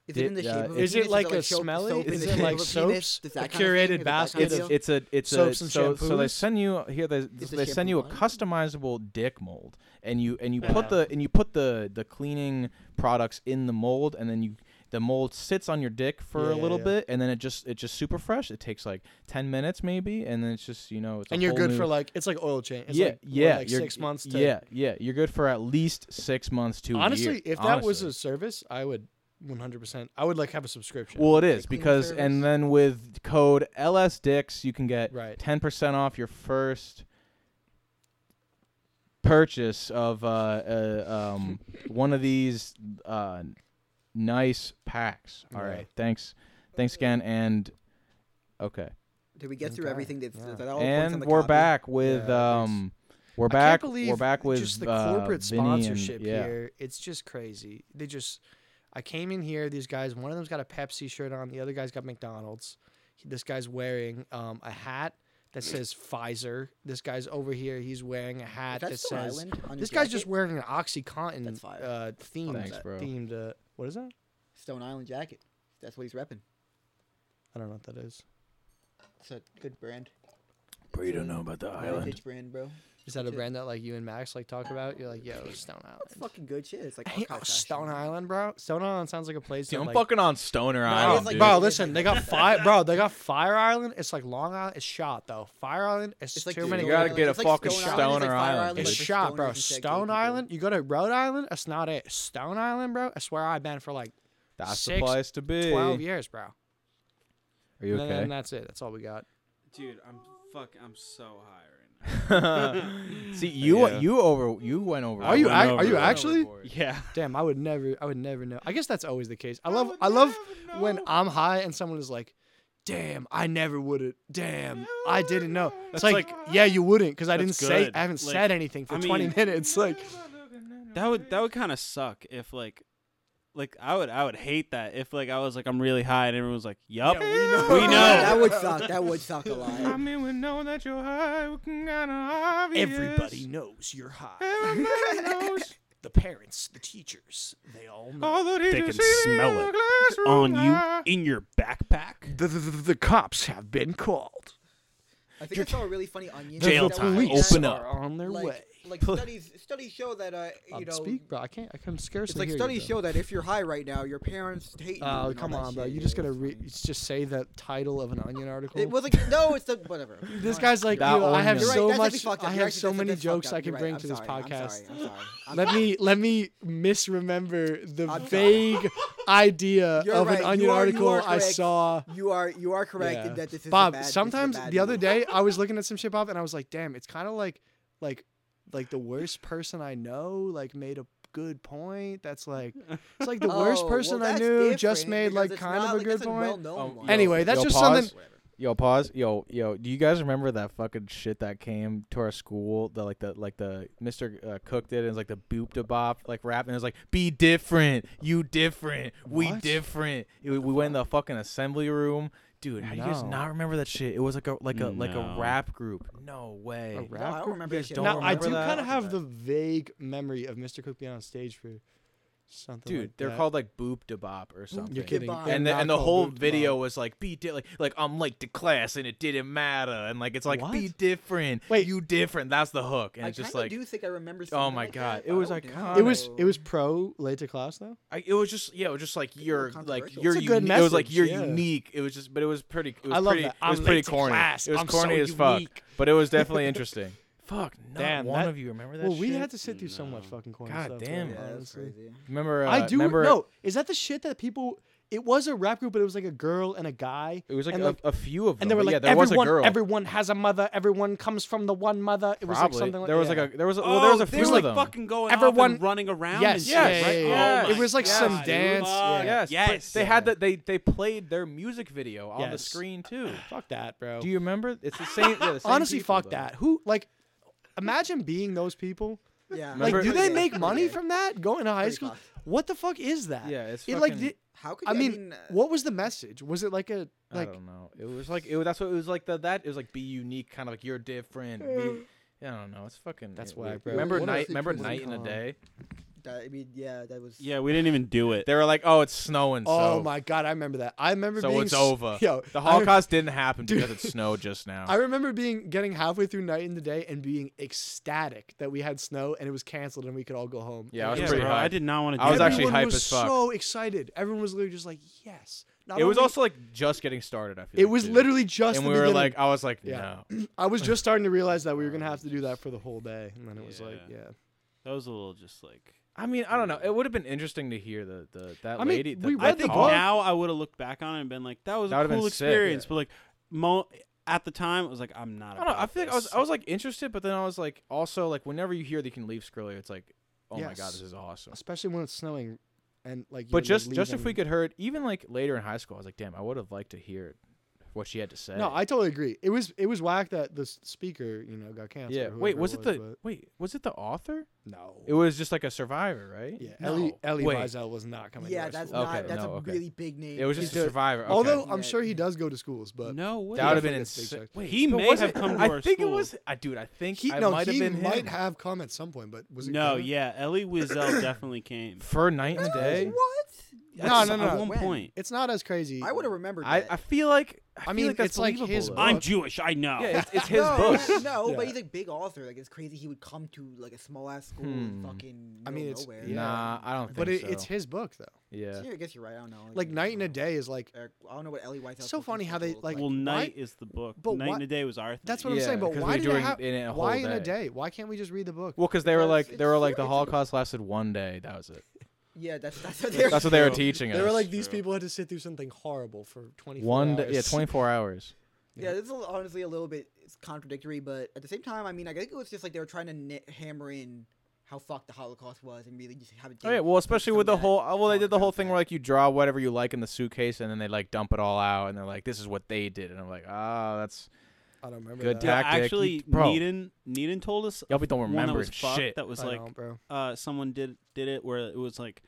[SPEAKER 19] Is it in the
[SPEAKER 4] Did-
[SPEAKER 19] shape
[SPEAKER 4] uh,
[SPEAKER 19] of a
[SPEAKER 2] Is
[SPEAKER 19] penis?
[SPEAKER 2] it like a
[SPEAKER 19] soap-
[SPEAKER 2] smelly?
[SPEAKER 19] soap in
[SPEAKER 2] Is
[SPEAKER 19] the
[SPEAKER 2] it
[SPEAKER 19] shape
[SPEAKER 2] like
[SPEAKER 19] of a penis?
[SPEAKER 2] soaps?
[SPEAKER 19] Is
[SPEAKER 2] A
[SPEAKER 19] that kind of thing?
[SPEAKER 2] curated
[SPEAKER 19] Is that kind of
[SPEAKER 2] basket
[SPEAKER 4] It's
[SPEAKER 2] of
[SPEAKER 19] deal?
[SPEAKER 4] it's a it's
[SPEAKER 2] Soaps
[SPEAKER 4] a
[SPEAKER 2] and
[SPEAKER 4] so so they
[SPEAKER 2] shampoos?
[SPEAKER 4] send you here they
[SPEAKER 19] Is the
[SPEAKER 4] they send you a
[SPEAKER 19] shampoo Oh,
[SPEAKER 4] customizable dick mold and you and you put the and you put the the cleaning products in the mold and then you the mold sits on your dick for a
[SPEAKER 2] Yeah,
[SPEAKER 4] little
[SPEAKER 2] yeah.
[SPEAKER 4] bit and then it just it's just super fresh it takes like 10 minutes maybe and then it's just you know it's a
[SPEAKER 2] and you're
[SPEAKER 4] whole
[SPEAKER 2] good
[SPEAKER 4] new-
[SPEAKER 2] for like it's like oil change. It's
[SPEAKER 4] yeah
[SPEAKER 2] like, what,
[SPEAKER 4] yeah
[SPEAKER 2] like
[SPEAKER 4] you're-
[SPEAKER 2] six months. To,
[SPEAKER 4] yeah yeah you're good for at least six months to a year,
[SPEAKER 2] honestly, if that was
[SPEAKER 4] honestly.
[SPEAKER 2] a service, I would 100. percent I would like have a subscription.
[SPEAKER 4] Well, it is
[SPEAKER 19] cleaning
[SPEAKER 4] because,
[SPEAKER 19] service.
[SPEAKER 4] and then with code LSDicks, you can get
[SPEAKER 2] Right.
[SPEAKER 4] ten percent off your first purchase of uh, uh um one of these uh nice packs. All right,
[SPEAKER 2] Yeah.
[SPEAKER 4] thanks, thanks again, and okay,
[SPEAKER 19] Did we get through
[SPEAKER 2] Okay.
[SPEAKER 19] everything? Did,
[SPEAKER 2] Yeah.
[SPEAKER 19] that all points on
[SPEAKER 4] and
[SPEAKER 19] the
[SPEAKER 4] we're
[SPEAKER 19] copy?
[SPEAKER 4] back with
[SPEAKER 2] Yeah,
[SPEAKER 4] um. We're
[SPEAKER 2] I
[SPEAKER 4] back.
[SPEAKER 2] can't believe
[SPEAKER 4] we're back with
[SPEAKER 2] just the
[SPEAKER 4] uh,
[SPEAKER 2] corporate
[SPEAKER 4] Vinny and-
[SPEAKER 2] sponsorship
[SPEAKER 4] yeah.
[SPEAKER 2] here. It's just crazy. They just, I came in here. These guys, one of them's got a Pepsi shirt on. The other guy's got McDonald's. He- This guy's wearing um, a hat that says Pfizer. This guy's over here. He's wearing a hat
[SPEAKER 19] Is that
[SPEAKER 2] that
[SPEAKER 19] still
[SPEAKER 2] says.
[SPEAKER 19] Island on your
[SPEAKER 2] This guy's just
[SPEAKER 19] jacket?
[SPEAKER 2] wearing an OxyContin
[SPEAKER 19] That's fire.
[SPEAKER 2] uh, themed
[SPEAKER 4] Thanks, bro.
[SPEAKER 2] themed. Uh, what is that?
[SPEAKER 19] Stone Island jacket. That's what he's repping.
[SPEAKER 2] I don't know what that is.
[SPEAKER 19] It's a good brand.
[SPEAKER 4] Bro, you don't know about the island.
[SPEAKER 19] Vintage brand, bro.
[SPEAKER 2] Is that a
[SPEAKER 19] That's it.
[SPEAKER 2] brand that like you and Max like talk about? You're like, yo, Stone
[SPEAKER 19] It's
[SPEAKER 2] Island.
[SPEAKER 19] fucking good shit. It's like
[SPEAKER 2] Hey,
[SPEAKER 19] archive fashion.
[SPEAKER 2] Stone Island, bro. Stone Island sounds like a place.
[SPEAKER 4] Dude,
[SPEAKER 2] that,
[SPEAKER 4] I'm
[SPEAKER 2] like,
[SPEAKER 4] fucking on Stoner
[SPEAKER 19] it's
[SPEAKER 4] Island,
[SPEAKER 19] like-
[SPEAKER 4] dude.
[SPEAKER 2] Bro, listen, they got fire. Bro, they got Fire Island. It's like Long Island. It's shot though. Fire Island. It's,
[SPEAKER 19] It's like
[SPEAKER 2] too
[SPEAKER 19] the
[SPEAKER 2] many.
[SPEAKER 4] You gotta
[SPEAKER 19] Stone
[SPEAKER 4] get a
[SPEAKER 19] Island. It's like
[SPEAKER 4] fucking
[SPEAKER 19] Stone Island,
[SPEAKER 4] Stoner
[SPEAKER 19] it's like Fire
[SPEAKER 4] Island,
[SPEAKER 19] Island,
[SPEAKER 4] dude.
[SPEAKER 2] it's
[SPEAKER 19] like the
[SPEAKER 2] shot,
[SPEAKER 19] stoners
[SPEAKER 2] bro.
[SPEAKER 19] and shit, gay
[SPEAKER 2] Stone
[SPEAKER 19] people.
[SPEAKER 2] Island. You go to Rhode Island. That's not it. Stone Island, bro. I swear I've been for like
[SPEAKER 4] That's
[SPEAKER 2] six,
[SPEAKER 4] the place to be.
[SPEAKER 2] twelve years, bro.
[SPEAKER 4] Are you
[SPEAKER 2] And then
[SPEAKER 4] okay?
[SPEAKER 2] that's it. That's all we got.
[SPEAKER 3] Dude, I'm fuck. I'm so high
[SPEAKER 4] See, you
[SPEAKER 3] Yeah.
[SPEAKER 4] you over you went over.
[SPEAKER 2] Are you?
[SPEAKER 3] went
[SPEAKER 2] ac-
[SPEAKER 3] over
[SPEAKER 2] are you
[SPEAKER 3] it.
[SPEAKER 2] actually?
[SPEAKER 3] right now. Yeah.
[SPEAKER 2] Damn, I would never. I would never know. I guess that's always the case. I love. I love when I'm high and someone is like. Damn, I never would have. Damn, I didn't know. It's
[SPEAKER 3] That's
[SPEAKER 2] like,
[SPEAKER 3] like-
[SPEAKER 2] yeah, you wouldn't, because I didn't
[SPEAKER 3] that's
[SPEAKER 2] say,
[SPEAKER 3] good.
[SPEAKER 2] I haven't
[SPEAKER 3] Like,
[SPEAKER 2] said anything for
[SPEAKER 3] I
[SPEAKER 2] 20
[SPEAKER 3] mean-
[SPEAKER 2] minutes. Like,
[SPEAKER 3] That would that would kind of suck if like like I would I would hate that if like I was like I'm really high and everyone was like, "Yup, we know."
[SPEAKER 19] That would suck. That would suck a lot.
[SPEAKER 4] mean, we know that you're high. We kind of obvious.
[SPEAKER 2] Everybody knows you're high.
[SPEAKER 4] Everybody knows.
[SPEAKER 2] The parents, the teachers, they all
[SPEAKER 19] Oh.
[SPEAKER 2] know.
[SPEAKER 4] the
[SPEAKER 3] They can smell it on you in your backpack.
[SPEAKER 2] The, the, the, the cops have been called.
[SPEAKER 19] I think I saw a really funny onion.
[SPEAKER 3] Jail
[SPEAKER 19] that was
[SPEAKER 3] time.
[SPEAKER 19] like that.
[SPEAKER 3] Open up.
[SPEAKER 2] Are on their
[SPEAKER 19] like,
[SPEAKER 2] way.
[SPEAKER 19] Like studies, studies show that uh, you
[SPEAKER 2] Um,
[SPEAKER 19] know,
[SPEAKER 2] speak, bro. I can't. I can scarcely
[SPEAKER 19] it's like
[SPEAKER 2] hear
[SPEAKER 19] studies
[SPEAKER 2] you,
[SPEAKER 19] show that if you're high right now, your parents hate you.
[SPEAKER 2] Oh
[SPEAKER 19] and all
[SPEAKER 2] come
[SPEAKER 19] that
[SPEAKER 2] on, bro!
[SPEAKER 19] shit.
[SPEAKER 2] You just gotta re- just say the title of an Onion article.
[SPEAKER 19] It was like no, it's the whatever.
[SPEAKER 2] this guy's like,
[SPEAKER 4] That
[SPEAKER 2] "Yo, I have
[SPEAKER 4] Onion.
[SPEAKER 19] You're
[SPEAKER 2] so
[SPEAKER 19] right, that's actually
[SPEAKER 2] much.
[SPEAKER 19] fucked up.
[SPEAKER 2] I
[SPEAKER 19] You're
[SPEAKER 2] have
[SPEAKER 19] actually-
[SPEAKER 2] so
[SPEAKER 19] that's-
[SPEAKER 2] many
[SPEAKER 19] that's fucked
[SPEAKER 2] jokes
[SPEAKER 19] up.
[SPEAKER 2] I can
[SPEAKER 19] You're right.
[SPEAKER 2] bring
[SPEAKER 19] I'm
[SPEAKER 2] to this
[SPEAKER 19] sorry, I'm
[SPEAKER 2] podcast.
[SPEAKER 19] sorry, I'm sorry. I'm
[SPEAKER 2] Let
[SPEAKER 19] sorry.
[SPEAKER 2] me let me misremember the
[SPEAKER 19] I'm sorry.
[SPEAKER 2] vague idea
[SPEAKER 19] You're
[SPEAKER 2] of
[SPEAKER 19] right,
[SPEAKER 2] an
[SPEAKER 19] you
[SPEAKER 2] Onion
[SPEAKER 19] are- you
[SPEAKER 2] article
[SPEAKER 19] are
[SPEAKER 2] I
[SPEAKER 19] correct.
[SPEAKER 2] saw.
[SPEAKER 19] You are you are correct
[SPEAKER 2] Yeah.
[SPEAKER 19] in that this is a
[SPEAKER 2] Bob,
[SPEAKER 19] bad- this is a
[SPEAKER 2] sometimes
[SPEAKER 19] bad
[SPEAKER 2] the other
[SPEAKER 19] move.
[SPEAKER 2] day I was looking at some shit, Bob, and I was like, damn, it's kind of like, like, like the worst person I know, like made a good point. That's like, it's like the worst
[SPEAKER 19] Oh,
[SPEAKER 2] person
[SPEAKER 19] well,
[SPEAKER 2] I
[SPEAKER 19] that's
[SPEAKER 2] knew just
[SPEAKER 19] different
[SPEAKER 2] made
[SPEAKER 19] because
[SPEAKER 2] like
[SPEAKER 19] it's
[SPEAKER 2] kind
[SPEAKER 19] not
[SPEAKER 2] of a
[SPEAKER 19] like-
[SPEAKER 2] good
[SPEAKER 19] that's
[SPEAKER 2] point.
[SPEAKER 19] well-known
[SPEAKER 4] Oh,
[SPEAKER 19] one.
[SPEAKER 4] yeah.
[SPEAKER 2] anyway, that's
[SPEAKER 4] Yo,
[SPEAKER 2] just
[SPEAKER 4] pause.
[SPEAKER 2] something.
[SPEAKER 4] Yo, pause. Yo, yo. Do you guys remember that fucking shit that came to our school? The like the like the Mr. Uh, Cook did. It was like the boop de bop like rap, and it was like be different, you different, we
[SPEAKER 2] What?
[SPEAKER 4] different. It- we went in the fucking assembly room. Dude, how do you guys
[SPEAKER 2] No.
[SPEAKER 4] not remember that shit? It was like a like a like a
[SPEAKER 3] No.
[SPEAKER 4] rap group. No way.
[SPEAKER 2] A
[SPEAKER 19] No, I
[SPEAKER 2] rap
[SPEAKER 19] don't
[SPEAKER 2] group?
[SPEAKER 19] remember
[SPEAKER 4] guys
[SPEAKER 19] that shit.
[SPEAKER 4] don't
[SPEAKER 2] Now I
[SPEAKER 4] remember
[SPEAKER 2] do
[SPEAKER 4] that?
[SPEAKER 2] kind of have the vague memory of Mr. Cook being on stage for something.
[SPEAKER 4] Dude,
[SPEAKER 2] like
[SPEAKER 4] they're
[SPEAKER 2] that.
[SPEAKER 4] called like boop de bop or something.
[SPEAKER 2] You're kidding.
[SPEAKER 19] Goodbye.
[SPEAKER 2] They're
[SPEAKER 4] and the,
[SPEAKER 2] not
[SPEAKER 4] and the
[SPEAKER 2] called
[SPEAKER 4] whole
[SPEAKER 2] Boot
[SPEAKER 4] video
[SPEAKER 2] Love.
[SPEAKER 4] was like be di- like like I'm late to class and it didn't matter and like it's like
[SPEAKER 2] What?
[SPEAKER 4] be different
[SPEAKER 2] Wait.
[SPEAKER 4] you different that's the hook and
[SPEAKER 19] I
[SPEAKER 4] it's just
[SPEAKER 19] kinda
[SPEAKER 4] like
[SPEAKER 19] do think I remember.
[SPEAKER 4] oh
[SPEAKER 19] something
[SPEAKER 4] my
[SPEAKER 19] like
[SPEAKER 4] god
[SPEAKER 19] that,
[SPEAKER 4] it was
[SPEAKER 19] but I don't
[SPEAKER 4] iconic
[SPEAKER 19] know.
[SPEAKER 2] It was it was pro late to class though.
[SPEAKER 4] I, it was just yeah it was just like you're like
[SPEAKER 19] controversial.
[SPEAKER 4] you're
[SPEAKER 2] It's a good
[SPEAKER 4] uni- it was like
[SPEAKER 2] message,
[SPEAKER 4] you're
[SPEAKER 2] yeah.
[SPEAKER 4] unique it was just but it was pretty it was
[SPEAKER 2] I love
[SPEAKER 4] pretty
[SPEAKER 2] that.
[SPEAKER 4] it was
[SPEAKER 2] I'm
[SPEAKER 4] pretty
[SPEAKER 2] late to
[SPEAKER 4] corny
[SPEAKER 2] class.
[SPEAKER 4] it was
[SPEAKER 2] I'm so
[SPEAKER 4] corny as fuck
[SPEAKER 2] unique.
[SPEAKER 4] but it was definitely interesting fuck not
[SPEAKER 2] Damn,
[SPEAKER 4] one
[SPEAKER 2] that-
[SPEAKER 4] of you remember that
[SPEAKER 2] Well, we
[SPEAKER 4] shit?
[SPEAKER 2] had to sit through so much fucking corny
[SPEAKER 4] God
[SPEAKER 2] stuff. though,
[SPEAKER 4] damn it.
[SPEAKER 19] Yeah, that's
[SPEAKER 2] honestly.
[SPEAKER 19] crazy.
[SPEAKER 4] remember uh,
[SPEAKER 2] I do
[SPEAKER 4] remember
[SPEAKER 2] no. Is that the shit that people? It was a rap group, but it was like a girl and a guy.
[SPEAKER 4] it was like,
[SPEAKER 2] and
[SPEAKER 4] a, a few of them
[SPEAKER 2] and they were
[SPEAKER 4] but
[SPEAKER 2] like
[SPEAKER 4] yeah there
[SPEAKER 2] everyone.
[SPEAKER 4] was a girl
[SPEAKER 2] Everyone has a mother. Everyone comes from the one mother. It was
[SPEAKER 4] probably
[SPEAKER 2] like something like Oh,
[SPEAKER 4] there was
[SPEAKER 2] yeah.
[SPEAKER 4] like a there was a, well there was a
[SPEAKER 3] Oh, they
[SPEAKER 4] few
[SPEAKER 3] were,
[SPEAKER 4] of them
[SPEAKER 3] like fucking going off
[SPEAKER 2] Everyone-
[SPEAKER 3] and running around.
[SPEAKER 2] yes,
[SPEAKER 3] and
[SPEAKER 2] yeah,
[SPEAKER 3] shit,
[SPEAKER 2] yeah,
[SPEAKER 3] right?
[SPEAKER 2] yeah,
[SPEAKER 3] Oh
[SPEAKER 2] yeah.
[SPEAKER 3] my
[SPEAKER 2] It was like
[SPEAKER 3] God,
[SPEAKER 2] some
[SPEAKER 3] dude.
[SPEAKER 2] dance.
[SPEAKER 3] Fuck.
[SPEAKER 2] Yeah.
[SPEAKER 4] Yes, but
[SPEAKER 3] Yes.
[SPEAKER 4] they had that. They they played their music video on the
[SPEAKER 2] Yes.
[SPEAKER 4] screen too.
[SPEAKER 2] Fuck that, bro.
[SPEAKER 4] Do you remember? It's the same. Yeah, the same
[SPEAKER 2] Honestly,
[SPEAKER 4] people,
[SPEAKER 2] fuck
[SPEAKER 4] though.
[SPEAKER 2] that. Who like? Imagine being those people
[SPEAKER 19] Yeah.
[SPEAKER 2] Like,
[SPEAKER 4] Remember-
[SPEAKER 2] do they
[SPEAKER 19] Yeah,
[SPEAKER 2] make
[SPEAKER 19] pretty
[SPEAKER 2] money
[SPEAKER 19] good.
[SPEAKER 2] from that going to high
[SPEAKER 19] Pretty
[SPEAKER 2] school?
[SPEAKER 19] fucked.
[SPEAKER 2] What the fuck is that?
[SPEAKER 4] Yeah, it's
[SPEAKER 2] it like.
[SPEAKER 4] fucking-
[SPEAKER 2] di-
[SPEAKER 19] How could
[SPEAKER 2] I
[SPEAKER 19] you-
[SPEAKER 2] mean,
[SPEAKER 19] uh,
[SPEAKER 2] what was the message? Was it like a like?
[SPEAKER 4] I don't know. It was like it. was- That's what it was like. The, that it was like be unique, kind of like you're different. Be, I don't know. It's fucking.
[SPEAKER 2] That's
[SPEAKER 4] it-
[SPEAKER 2] whack,
[SPEAKER 4] weird.
[SPEAKER 2] bro.
[SPEAKER 4] Remember
[SPEAKER 19] What
[SPEAKER 4] night.
[SPEAKER 19] else
[SPEAKER 4] Remember
[SPEAKER 19] could
[SPEAKER 4] night and a
[SPEAKER 19] come?
[SPEAKER 4] day.
[SPEAKER 19] That, I mean, yeah, that was.
[SPEAKER 3] Yeah, we didn't even do it.
[SPEAKER 4] They were like, "Oh, it's snowing."
[SPEAKER 2] oh
[SPEAKER 4] so,
[SPEAKER 2] my god, I remember that. I remember
[SPEAKER 4] So
[SPEAKER 2] being
[SPEAKER 4] it's
[SPEAKER 2] s-
[SPEAKER 4] over.
[SPEAKER 2] Yo,
[SPEAKER 4] the
[SPEAKER 2] I rem-
[SPEAKER 4] Holocaust didn't happen
[SPEAKER 2] Dude.
[SPEAKER 4] because it snowed just now.
[SPEAKER 2] I remember being getting halfway through Night in the Day and being ecstatic that we had snow and it was canceled and we could all go home.
[SPEAKER 4] Yeah, I
[SPEAKER 2] And
[SPEAKER 4] was
[SPEAKER 3] yeah,
[SPEAKER 4] pretty
[SPEAKER 3] bro,
[SPEAKER 4] high.
[SPEAKER 3] I did not want to.
[SPEAKER 4] I was
[SPEAKER 3] do
[SPEAKER 4] actually
[SPEAKER 2] everyone
[SPEAKER 4] hype
[SPEAKER 2] was
[SPEAKER 4] as fuck.
[SPEAKER 2] So excited. Everyone was literally just like, "Yes." Not
[SPEAKER 4] it was
[SPEAKER 2] only-
[SPEAKER 4] also like just getting started. I feel.
[SPEAKER 2] It
[SPEAKER 4] like,
[SPEAKER 2] was
[SPEAKER 4] too.
[SPEAKER 2] literally just.
[SPEAKER 4] And
[SPEAKER 2] the
[SPEAKER 4] we were
[SPEAKER 2] beginning.
[SPEAKER 4] like, I was like,
[SPEAKER 2] Yeah.
[SPEAKER 4] no.
[SPEAKER 2] I was just starting to realize that we were gonna have to do that for the whole day, and then it was like,
[SPEAKER 3] Yeah.
[SPEAKER 2] yeah.
[SPEAKER 3] that was a little just like.
[SPEAKER 4] I mean, I don't know. It would have been interesting to hear the the that
[SPEAKER 2] I mean,
[SPEAKER 4] lady. the-
[SPEAKER 2] we
[SPEAKER 4] that
[SPEAKER 2] read
[SPEAKER 3] I
[SPEAKER 2] the
[SPEAKER 3] think
[SPEAKER 2] book.
[SPEAKER 4] talk.
[SPEAKER 3] now I would have looked back on it and been like, that was
[SPEAKER 4] That
[SPEAKER 3] a
[SPEAKER 4] would've been
[SPEAKER 3] cool
[SPEAKER 4] sick, yeah.
[SPEAKER 3] experience. But like, mo- at the time, it was like, I'm not.
[SPEAKER 4] I don't know.
[SPEAKER 3] about
[SPEAKER 4] I feel like I was
[SPEAKER 3] this.
[SPEAKER 4] I was like interested, but then I was like also like whenever you hear they can leave Skrilla, it's like, oh my god,
[SPEAKER 2] Yes.
[SPEAKER 4] this is awesome.
[SPEAKER 2] Especially when it's snowing, and like.
[SPEAKER 4] But
[SPEAKER 2] you're, like,
[SPEAKER 4] just just if we
[SPEAKER 2] leaving.
[SPEAKER 4] could heard even like later in high school, I was like, damn, I would have liked to hear what she had to say.
[SPEAKER 2] No, I totally agree. It was it was whack that the s- speaker, you know, got canceled.
[SPEAKER 4] yeah.
[SPEAKER 2] or
[SPEAKER 4] Wait,
[SPEAKER 2] whoever
[SPEAKER 4] was it the
[SPEAKER 2] but-
[SPEAKER 4] wait was it the author?
[SPEAKER 2] no?
[SPEAKER 4] It was just like a survivor, right?
[SPEAKER 2] yeah,
[SPEAKER 4] No.
[SPEAKER 2] Ellie Ellie
[SPEAKER 4] wait,
[SPEAKER 2] Wiesel was not coming. to
[SPEAKER 19] Yeah,
[SPEAKER 2] our
[SPEAKER 19] that's
[SPEAKER 2] school.
[SPEAKER 19] not.
[SPEAKER 4] Okay,
[SPEAKER 19] That's
[SPEAKER 4] no,
[SPEAKER 19] a
[SPEAKER 4] okay.
[SPEAKER 19] really big name.
[SPEAKER 4] It was
[SPEAKER 19] He's
[SPEAKER 4] just a
[SPEAKER 19] doing-
[SPEAKER 4] survivor. okay.
[SPEAKER 2] Although I'm
[SPEAKER 19] Yeah.
[SPEAKER 2] sure he does go to schools, but
[SPEAKER 3] no way.
[SPEAKER 4] that would have
[SPEAKER 2] Yeah,
[SPEAKER 4] been
[SPEAKER 2] I think that's
[SPEAKER 4] insane.
[SPEAKER 2] big
[SPEAKER 4] Wait,
[SPEAKER 3] He
[SPEAKER 4] but
[SPEAKER 3] may
[SPEAKER 4] was
[SPEAKER 3] have
[SPEAKER 4] it-
[SPEAKER 3] come to
[SPEAKER 4] I
[SPEAKER 3] our
[SPEAKER 4] think it
[SPEAKER 3] school.
[SPEAKER 4] was. I dude, I think
[SPEAKER 2] he
[SPEAKER 4] I
[SPEAKER 2] no
[SPEAKER 4] might
[SPEAKER 2] he
[SPEAKER 4] have been
[SPEAKER 2] might
[SPEAKER 4] him.
[SPEAKER 2] have come at some point, but was it
[SPEAKER 3] No,
[SPEAKER 2] Kevin?
[SPEAKER 3] yeah, Ellie Wiesel definitely came.
[SPEAKER 4] for night and day.
[SPEAKER 2] No,
[SPEAKER 3] That's
[SPEAKER 2] no,
[SPEAKER 3] At
[SPEAKER 2] no.
[SPEAKER 3] one
[SPEAKER 19] When?
[SPEAKER 3] point,
[SPEAKER 2] It's not as crazy.
[SPEAKER 19] I would have remembered.
[SPEAKER 4] I,
[SPEAKER 19] that.
[SPEAKER 4] I feel like I,
[SPEAKER 2] I
[SPEAKER 4] feel
[SPEAKER 2] mean,
[SPEAKER 4] like that's
[SPEAKER 2] it's like
[SPEAKER 4] believable,
[SPEAKER 2] his
[SPEAKER 4] though.
[SPEAKER 2] book.
[SPEAKER 3] I'm Jewish. I know.
[SPEAKER 4] Yeah, it's, it's his
[SPEAKER 19] no,
[SPEAKER 4] book.
[SPEAKER 19] No,
[SPEAKER 2] Yeah.
[SPEAKER 19] but he's a big author. Like it's crazy he would come to like a small ass school in
[SPEAKER 4] Hmm.
[SPEAKER 19] fucking
[SPEAKER 2] I mean,
[SPEAKER 19] middle
[SPEAKER 2] it's-
[SPEAKER 19] nowhere.
[SPEAKER 2] yeah.
[SPEAKER 4] Nah, I don't think
[SPEAKER 2] but it,
[SPEAKER 4] so.
[SPEAKER 2] it's his book though.
[SPEAKER 4] yeah.
[SPEAKER 19] So, yeah, I guess you're right. I don't know.
[SPEAKER 2] Like night and a
[SPEAKER 19] day.
[SPEAKER 2] day is like
[SPEAKER 19] I don't know what Ellie White.
[SPEAKER 2] So funny how they, like- why-
[SPEAKER 3] well, night is the book.
[SPEAKER 2] but
[SPEAKER 3] night
[SPEAKER 2] why-
[SPEAKER 3] and a day was our thing.
[SPEAKER 2] that's what I'm
[SPEAKER 4] Yeah,
[SPEAKER 2] saying. But
[SPEAKER 4] 'cause
[SPEAKER 2] why
[SPEAKER 4] we
[SPEAKER 2] did
[SPEAKER 4] do
[SPEAKER 2] it
[SPEAKER 4] it
[SPEAKER 2] have
[SPEAKER 4] in a
[SPEAKER 2] why
[SPEAKER 4] whole
[SPEAKER 2] in a
[SPEAKER 4] day.
[SPEAKER 2] day? Why can't we just read the book?
[SPEAKER 4] Well, because they were
[SPEAKER 19] Because
[SPEAKER 4] like they
[SPEAKER 19] it's
[SPEAKER 4] were like the
[SPEAKER 19] serious.
[SPEAKER 4] Holocaust lasted one day. That was it.
[SPEAKER 19] yeah, that's that's what they're.
[SPEAKER 4] That's what they were teaching us.
[SPEAKER 2] They were like these
[SPEAKER 3] true.
[SPEAKER 2] people had to sit through something horrible for 24
[SPEAKER 4] one day,
[SPEAKER 2] hours.
[SPEAKER 4] yeah, twenty four hours.
[SPEAKER 19] yeah, this is a- honestly a little bit it's contradictory, but at the same time, I mean, I think it was just like they were trying to ni- hammer in how fucked the Holocaust was and really just have it.
[SPEAKER 4] Oh yeah, well, especially with the whole oh, well, they did the whole thing where like you draw whatever you like in the suitcase, and then they like dump it all out, and they're like, "This is what they did," and I'm like, "Ah, that's
[SPEAKER 2] I don't remember.
[SPEAKER 4] Good
[SPEAKER 2] that.
[SPEAKER 3] Yeah,
[SPEAKER 4] tactic.
[SPEAKER 3] actually,
[SPEAKER 4] Bro.
[SPEAKER 3] Needon Needon told us
[SPEAKER 4] y'all we don't
[SPEAKER 3] one that
[SPEAKER 4] remember
[SPEAKER 3] was
[SPEAKER 4] and
[SPEAKER 3] fucked
[SPEAKER 4] shit."
[SPEAKER 3] that was
[SPEAKER 2] I
[SPEAKER 3] like
[SPEAKER 2] don't, bro.
[SPEAKER 3] uh, someone did did it where it was like,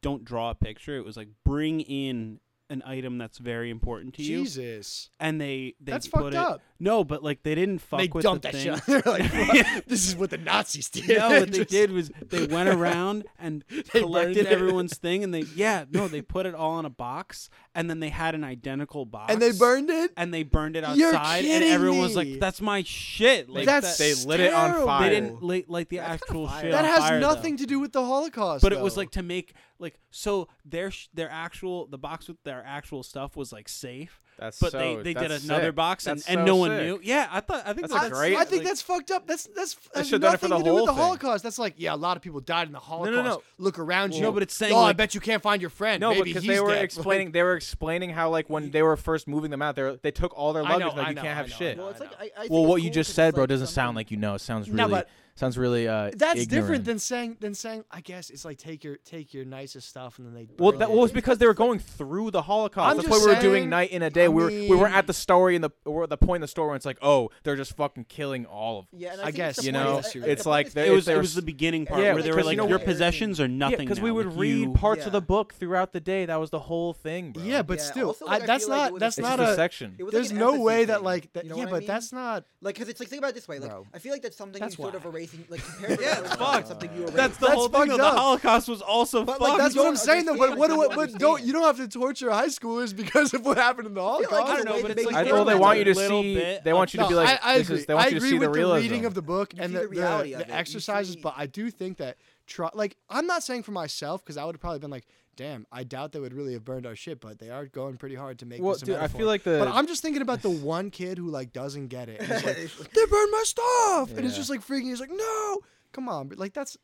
[SPEAKER 3] don't draw a picture. It was like bring in an item that's very important to you,
[SPEAKER 2] Jesus,
[SPEAKER 3] and they they
[SPEAKER 2] that's
[SPEAKER 3] put
[SPEAKER 2] fucked
[SPEAKER 3] it-
[SPEAKER 2] up.
[SPEAKER 3] No, but like they didn't fuck
[SPEAKER 2] They
[SPEAKER 3] with
[SPEAKER 2] dumped
[SPEAKER 3] the
[SPEAKER 2] that
[SPEAKER 3] thing.
[SPEAKER 2] shit. They're like, "Fuck, this is what the Nazis did.
[SPEAKER 3] No, what they
[SPEAKER 2] Just-
[SPEAKER 3] did was they went around and
[SPEAKER 2] burned
[SPEAKER 3] collected
[SPEAKER 2] it.
[SPEAKER 3] everyone's thing, and they yeah no they put it all in a box, and then they had an identical box,
[SPEAKER 2] and they burned it.
[SPEAKER 3] and they burned it
[SPEAKER 2] You're
[SPEAKER 3] outside, and
[SPEAKER 2] kidding
[SPEAKER 3] everyone was
[SPEAKER 2] me.
[SPEAKER 3] like, "That's my shit." Like
[SPEAKER 2] That's
[SPEAKER 3] that,
[SPEAKER 4] They lit it on
[SPEAKER 2] terrible.
[SPEAKER 4] fire.
[SPEAKER 3] they didn't like, like the
[SPEAKER 19] That's
[SPEAKER 3] actual
[SPEAKER 19] kinda fire.
[SPEAKER 3] shit.
[SPEAKER 2] That
[SPEAKER 3] on
[SPEAKER 2] has
[SPEAKER 3] fire,
[SPEAKER 2] nothing
[SPEAKER 3] though.
[SPEAKER 2] to do with the Holocaust.
[SPEAKER 3] But it was
[SPEAKER 2] though.
[SPEAKER 3] like to make like so their sh- their actual the box with their actual stuff was like safe.
[SPEAKER 4] That's
[SPEAKER 3] But
[SPEAKER 4] so-
[SPEAKER 3] they, they did
[SPEAKER 4] that's
[SPEAKER 3] another
[SPEAKER 4] sick.
[SPEAKER 3] box and,
[SPEAKER 4] That's
[SPEAKER 3] and
[SPEAKER 4] so
[SPEAKER 3] no one
[SPEAKER 4] sick.
[SPEAKER 3] knew. Yeah, I thought I think
[SPEAKER 4] That's a great-
[SPEAKER 2] I think
[SPEAKER 3] like-
[SPEAKER 2] that's fucked up. That's that's that's
[SPEAKER 4] should've done it
[SPEAKER 2] nothing
[SPEAKER 4] for the
[SPEAKER 2] to do with
[SPEAKER 4] whole
[SPEAKER 2] the
[SPEAKER 4] thing.
[SPEAKER 2] Holocaust. That's like yeah, a lot of people died in the Holocaust.
[SPEAKER 4] no.
[SPEAKER 2] Look around you.
[SPEAKER 3] No, but it's saying,
[SPEAKER 2] Oh, I
[SPEAKER 3] like-
[SPEAKER 2] bet you can't find your friend.
[SPEAKER 4] No,
[SPEAKER 2] Maybe
[SPEAKER 4] because
[SPEAKER 2] he's
[SPEAKER 4] they were
[SPEAKER 2] dead."
[SPEAKER 4] explaining
[SPEAKER 2] Like,
[SPEAKER 4] they were explaining how like when they were first moving them out, they were, they took all their
[SPEAKER 2] I
[SPEAKER 4] luggage.
[SPEAKER 2] know,
[SPEAKER 4] like
[SPEAKER 2] I
[SPEAKER 4] you
[SPEAKER 2] know,
[SPEAKER 4] can't
[SPEAKER 2] I
[SPEAKER 4] have
[SPEAKER 2] know,
[SPEAKER 4] shit.
[SPEAKER 2] I know.
[SPEAKER 19] Well, it's like I, I think
[SPEAKER 4] Well,
[SPEAKER 19] it's
[SPEAKER 4] what you
[SPEAKER 19] cool
[SPEAKER 4] just
[SPEAKER 19] 'cause
[SPEAKER 4] said,
[SPEAKER 19] it's,
[SPEAKER 4] bro,
[SPEAKER 19] like,
[SPEAKER 4] doesn't sound
[SPEAKER 19] something-
[SPEAKER 4] like you know. It sounds really
[SPEAKER 2] No, but-
[SPEAKER 4] sounds really uh
[SPEAKER 2] that's different
[SPEAKER 4] ignorant.
[SPEAKER 2] than saying than saying. I guess it's like take your take your nicest stuff and then they.
[SPEAKER 4] Well,
[SPEAKER 2] burn
[SPEAKER 4] that
[SPEAKER 2] it.
[SPEAKER 4] well, it was because they were going through the Holocaust.
[SPEAKER 2] I'm
[SPEAKER 4] That's why
[SPEAKER 2] just
[SPEAKER 4] we were doing
[SPEAKER 2] saying,
[SPEAKER 4] night in a day.
[SPEAKER 2] I
[SPEAKER 4] we were we weren't
[SPEAKER 2] mean-
[SPEAKER 4] at the story in the or the point in the story where it's like, oh, they're just fucking killing all of. Them.
[SPEAKER 19] Yeah, and I,
[SPEAKER 2] I
[SPEAKER 19] think
[SPEAKER 2] guess,
[SPEAKER 19] the
[SPEAKER 4] you
[SPEAKER 19] point
[SPEAKER 4] know,
[SPEAKER 19] is- I- I-
[SPEAKER 4] it's
[SPEAKER 19] the point
[SPEAKER 4] like
[SPEAKER 19] is
[SPEAKER 4] there-
[SPEAKER 3] it was
[SPEAKER 4] they
[SPEAKER 3] it
[SPEAKER 4] were
[SPEAKER 3] was
[SPEAKER 4] s-
[SPEAKER 3] the beginning part
[SPEAKER 4] Yeah,
[SPEAKER 3] where they were
[SPEAKER 4] because
[SPEAKER 3] like
[SPEAKER 4] you know
[SPEAKER 3] your
[SPEAKER 4] what-
[SPEAKER 3] possessions are nothing.
[SPEAKER 4] because we
[SPEAKER 3] now."
[SPEAKER 4] would
[SPEAKER 3] Like,
[SPEAKER 4] read
[SPEAKER 3] you-
[SPEAKER 4] parts of
[SPEAKER 19] Yeah.
[SPEAKER 4] the book throughout the day. That was the whole thing. Bro.
[SPEAKER 2] Yeah, but
[SPEAKER 19] Yeah,
[SPEAKER 2] still,
[SPEAKER 19] also,
[SPEAKER 2] I,
[SPEAKER 19] like, I
[SPEAKER 2] that's
[SPEAKER 19] feel like it
[SPEAKER 2] not
[SPEAKER 19] was
[SPEAKER 2] that's
[SPEAKER 4] it's
[SPEAKER 2] not
[SPEAKER 4] just
[SPEAKER 2] a.
[SPEAKER 4] a section.
[SPEAKER 19] It was, like,
[SPEAKER 2] there's
[SPEAKER 19] an
[SPEAKER 2] no
[SPEAKER 19] empathy
[SPEAKER 2] way that
[SPEAKER 19] thing.
[SPEAKER 2] like that.
[SPEAKER 19] You know
[SPEAKER 2] yeah,
[SPEAKER 19] what I
[SPEAKER 2] but
[SPEAKER 19] mean?
[SPEAKER 2] that's not.
[SPEAKER 19] Like, cause it's like think about it this way. Like,
[SPEAKER 2] Bro.
[SPEAKER 19] I feel like that's something
[SPEAKER 2] That's
[SPEAKER 19] you're sort of
[SPEAKER 2] whack.
[SPEAKER 19] erasing. Like, compared to the Holocaust, something you erased.
[SPEAKER 3] That's the
[SPEAKER 2] That's
[SPEAKER 3] whole thing.
[SPEAKER 2] fucked
[SPEAKER 3] Though. The
[SPEAKER 2] up.
[SPEAKER 3] Holocaust was also
[SPEAKER 2] But
[SPEAKER 3] fucked.
[SPEAKER 2] like that's
[SPEAKER 19] you
[SPEAKER 2] what
[SPEAKER 19] don't
[SPEAKER 2] I'm saying though. But
[SPEAKER 19] understand.
[SPEAKER 2] what do
[SPEAKER 19] You don't
[SPEAKER 2] but don't
[SPEAKER 19] understand.
[SPEAKER 2] you don't have to torture high schoolers because of what happened in the Holocaust.
[SPEAKER 19] like
[SPEAKER 3] I don't know,
[SPEAKER 19] It's
[SPEAKER 3] but
[SPEAKER 19] a
[SPEAKER 3] it's
[SPEAKER 19] way
[SPEAKER 3] like
[SPEAKER 19] to
[SPEAKER 4] I,
[SPEAKER 19] make
[SPEAKER 4] well, they
[SPEAKER 19] it
[SPEAKER 4] want
[SPEAKER 19] a
[SPEAKER 4] you to
[SPEAKER 3] little
[SPEAKER 4] see.
[SPEAKER 3] bit
[SPEAKER 4] They want you to
[SPEAKER 2] No,
[SPEAKER 4] be like,
[SPEAKER 2] I, I
[SPEAKER 4] this
[SPEAKER 2] agree.
[SPEAKER 4] is. They
[SPEAKER 2] I
[SPEAKER 4] want you to
[SPEAKER 2] agree
[SPEAKER 4] see
[SPEAKER 2] with
[SPEAKER 4] the realism.
[SPEAKER 2] reading of the book and
[SPEAKER 19] see
[SPEAKER 2] the,
[SPEAKER 19] the reality
[SPEAKER 2] the,
[SPEAKER 19] of
[SPEAKER 2] the
[SPEAKER 19] it. You
[SPEAKER 2] exercises,
[SPEAKER 19] see-
[SPEAKER 2] but I do think that try, like I'm not saying for myself because I would have probably been like, damn, I doubt they would really have burned our shit, but they are going pretty hard to make
[SPEAKER 4] Well,
[SPEAKER 2] this. a
[SPEAKER 4] dude, I
[SPEAKER 2] metaphor."
[SPEAKER 4] feel like the-
[SPEAKER 2] But I'm just thinking about the one kid who like doesn't get it. And he's like, they burned my stuff, and it's
[SPEAKER 4] Yeah.
[SPEAKER 2] just like freaking. He's like, no, come on, but like that's.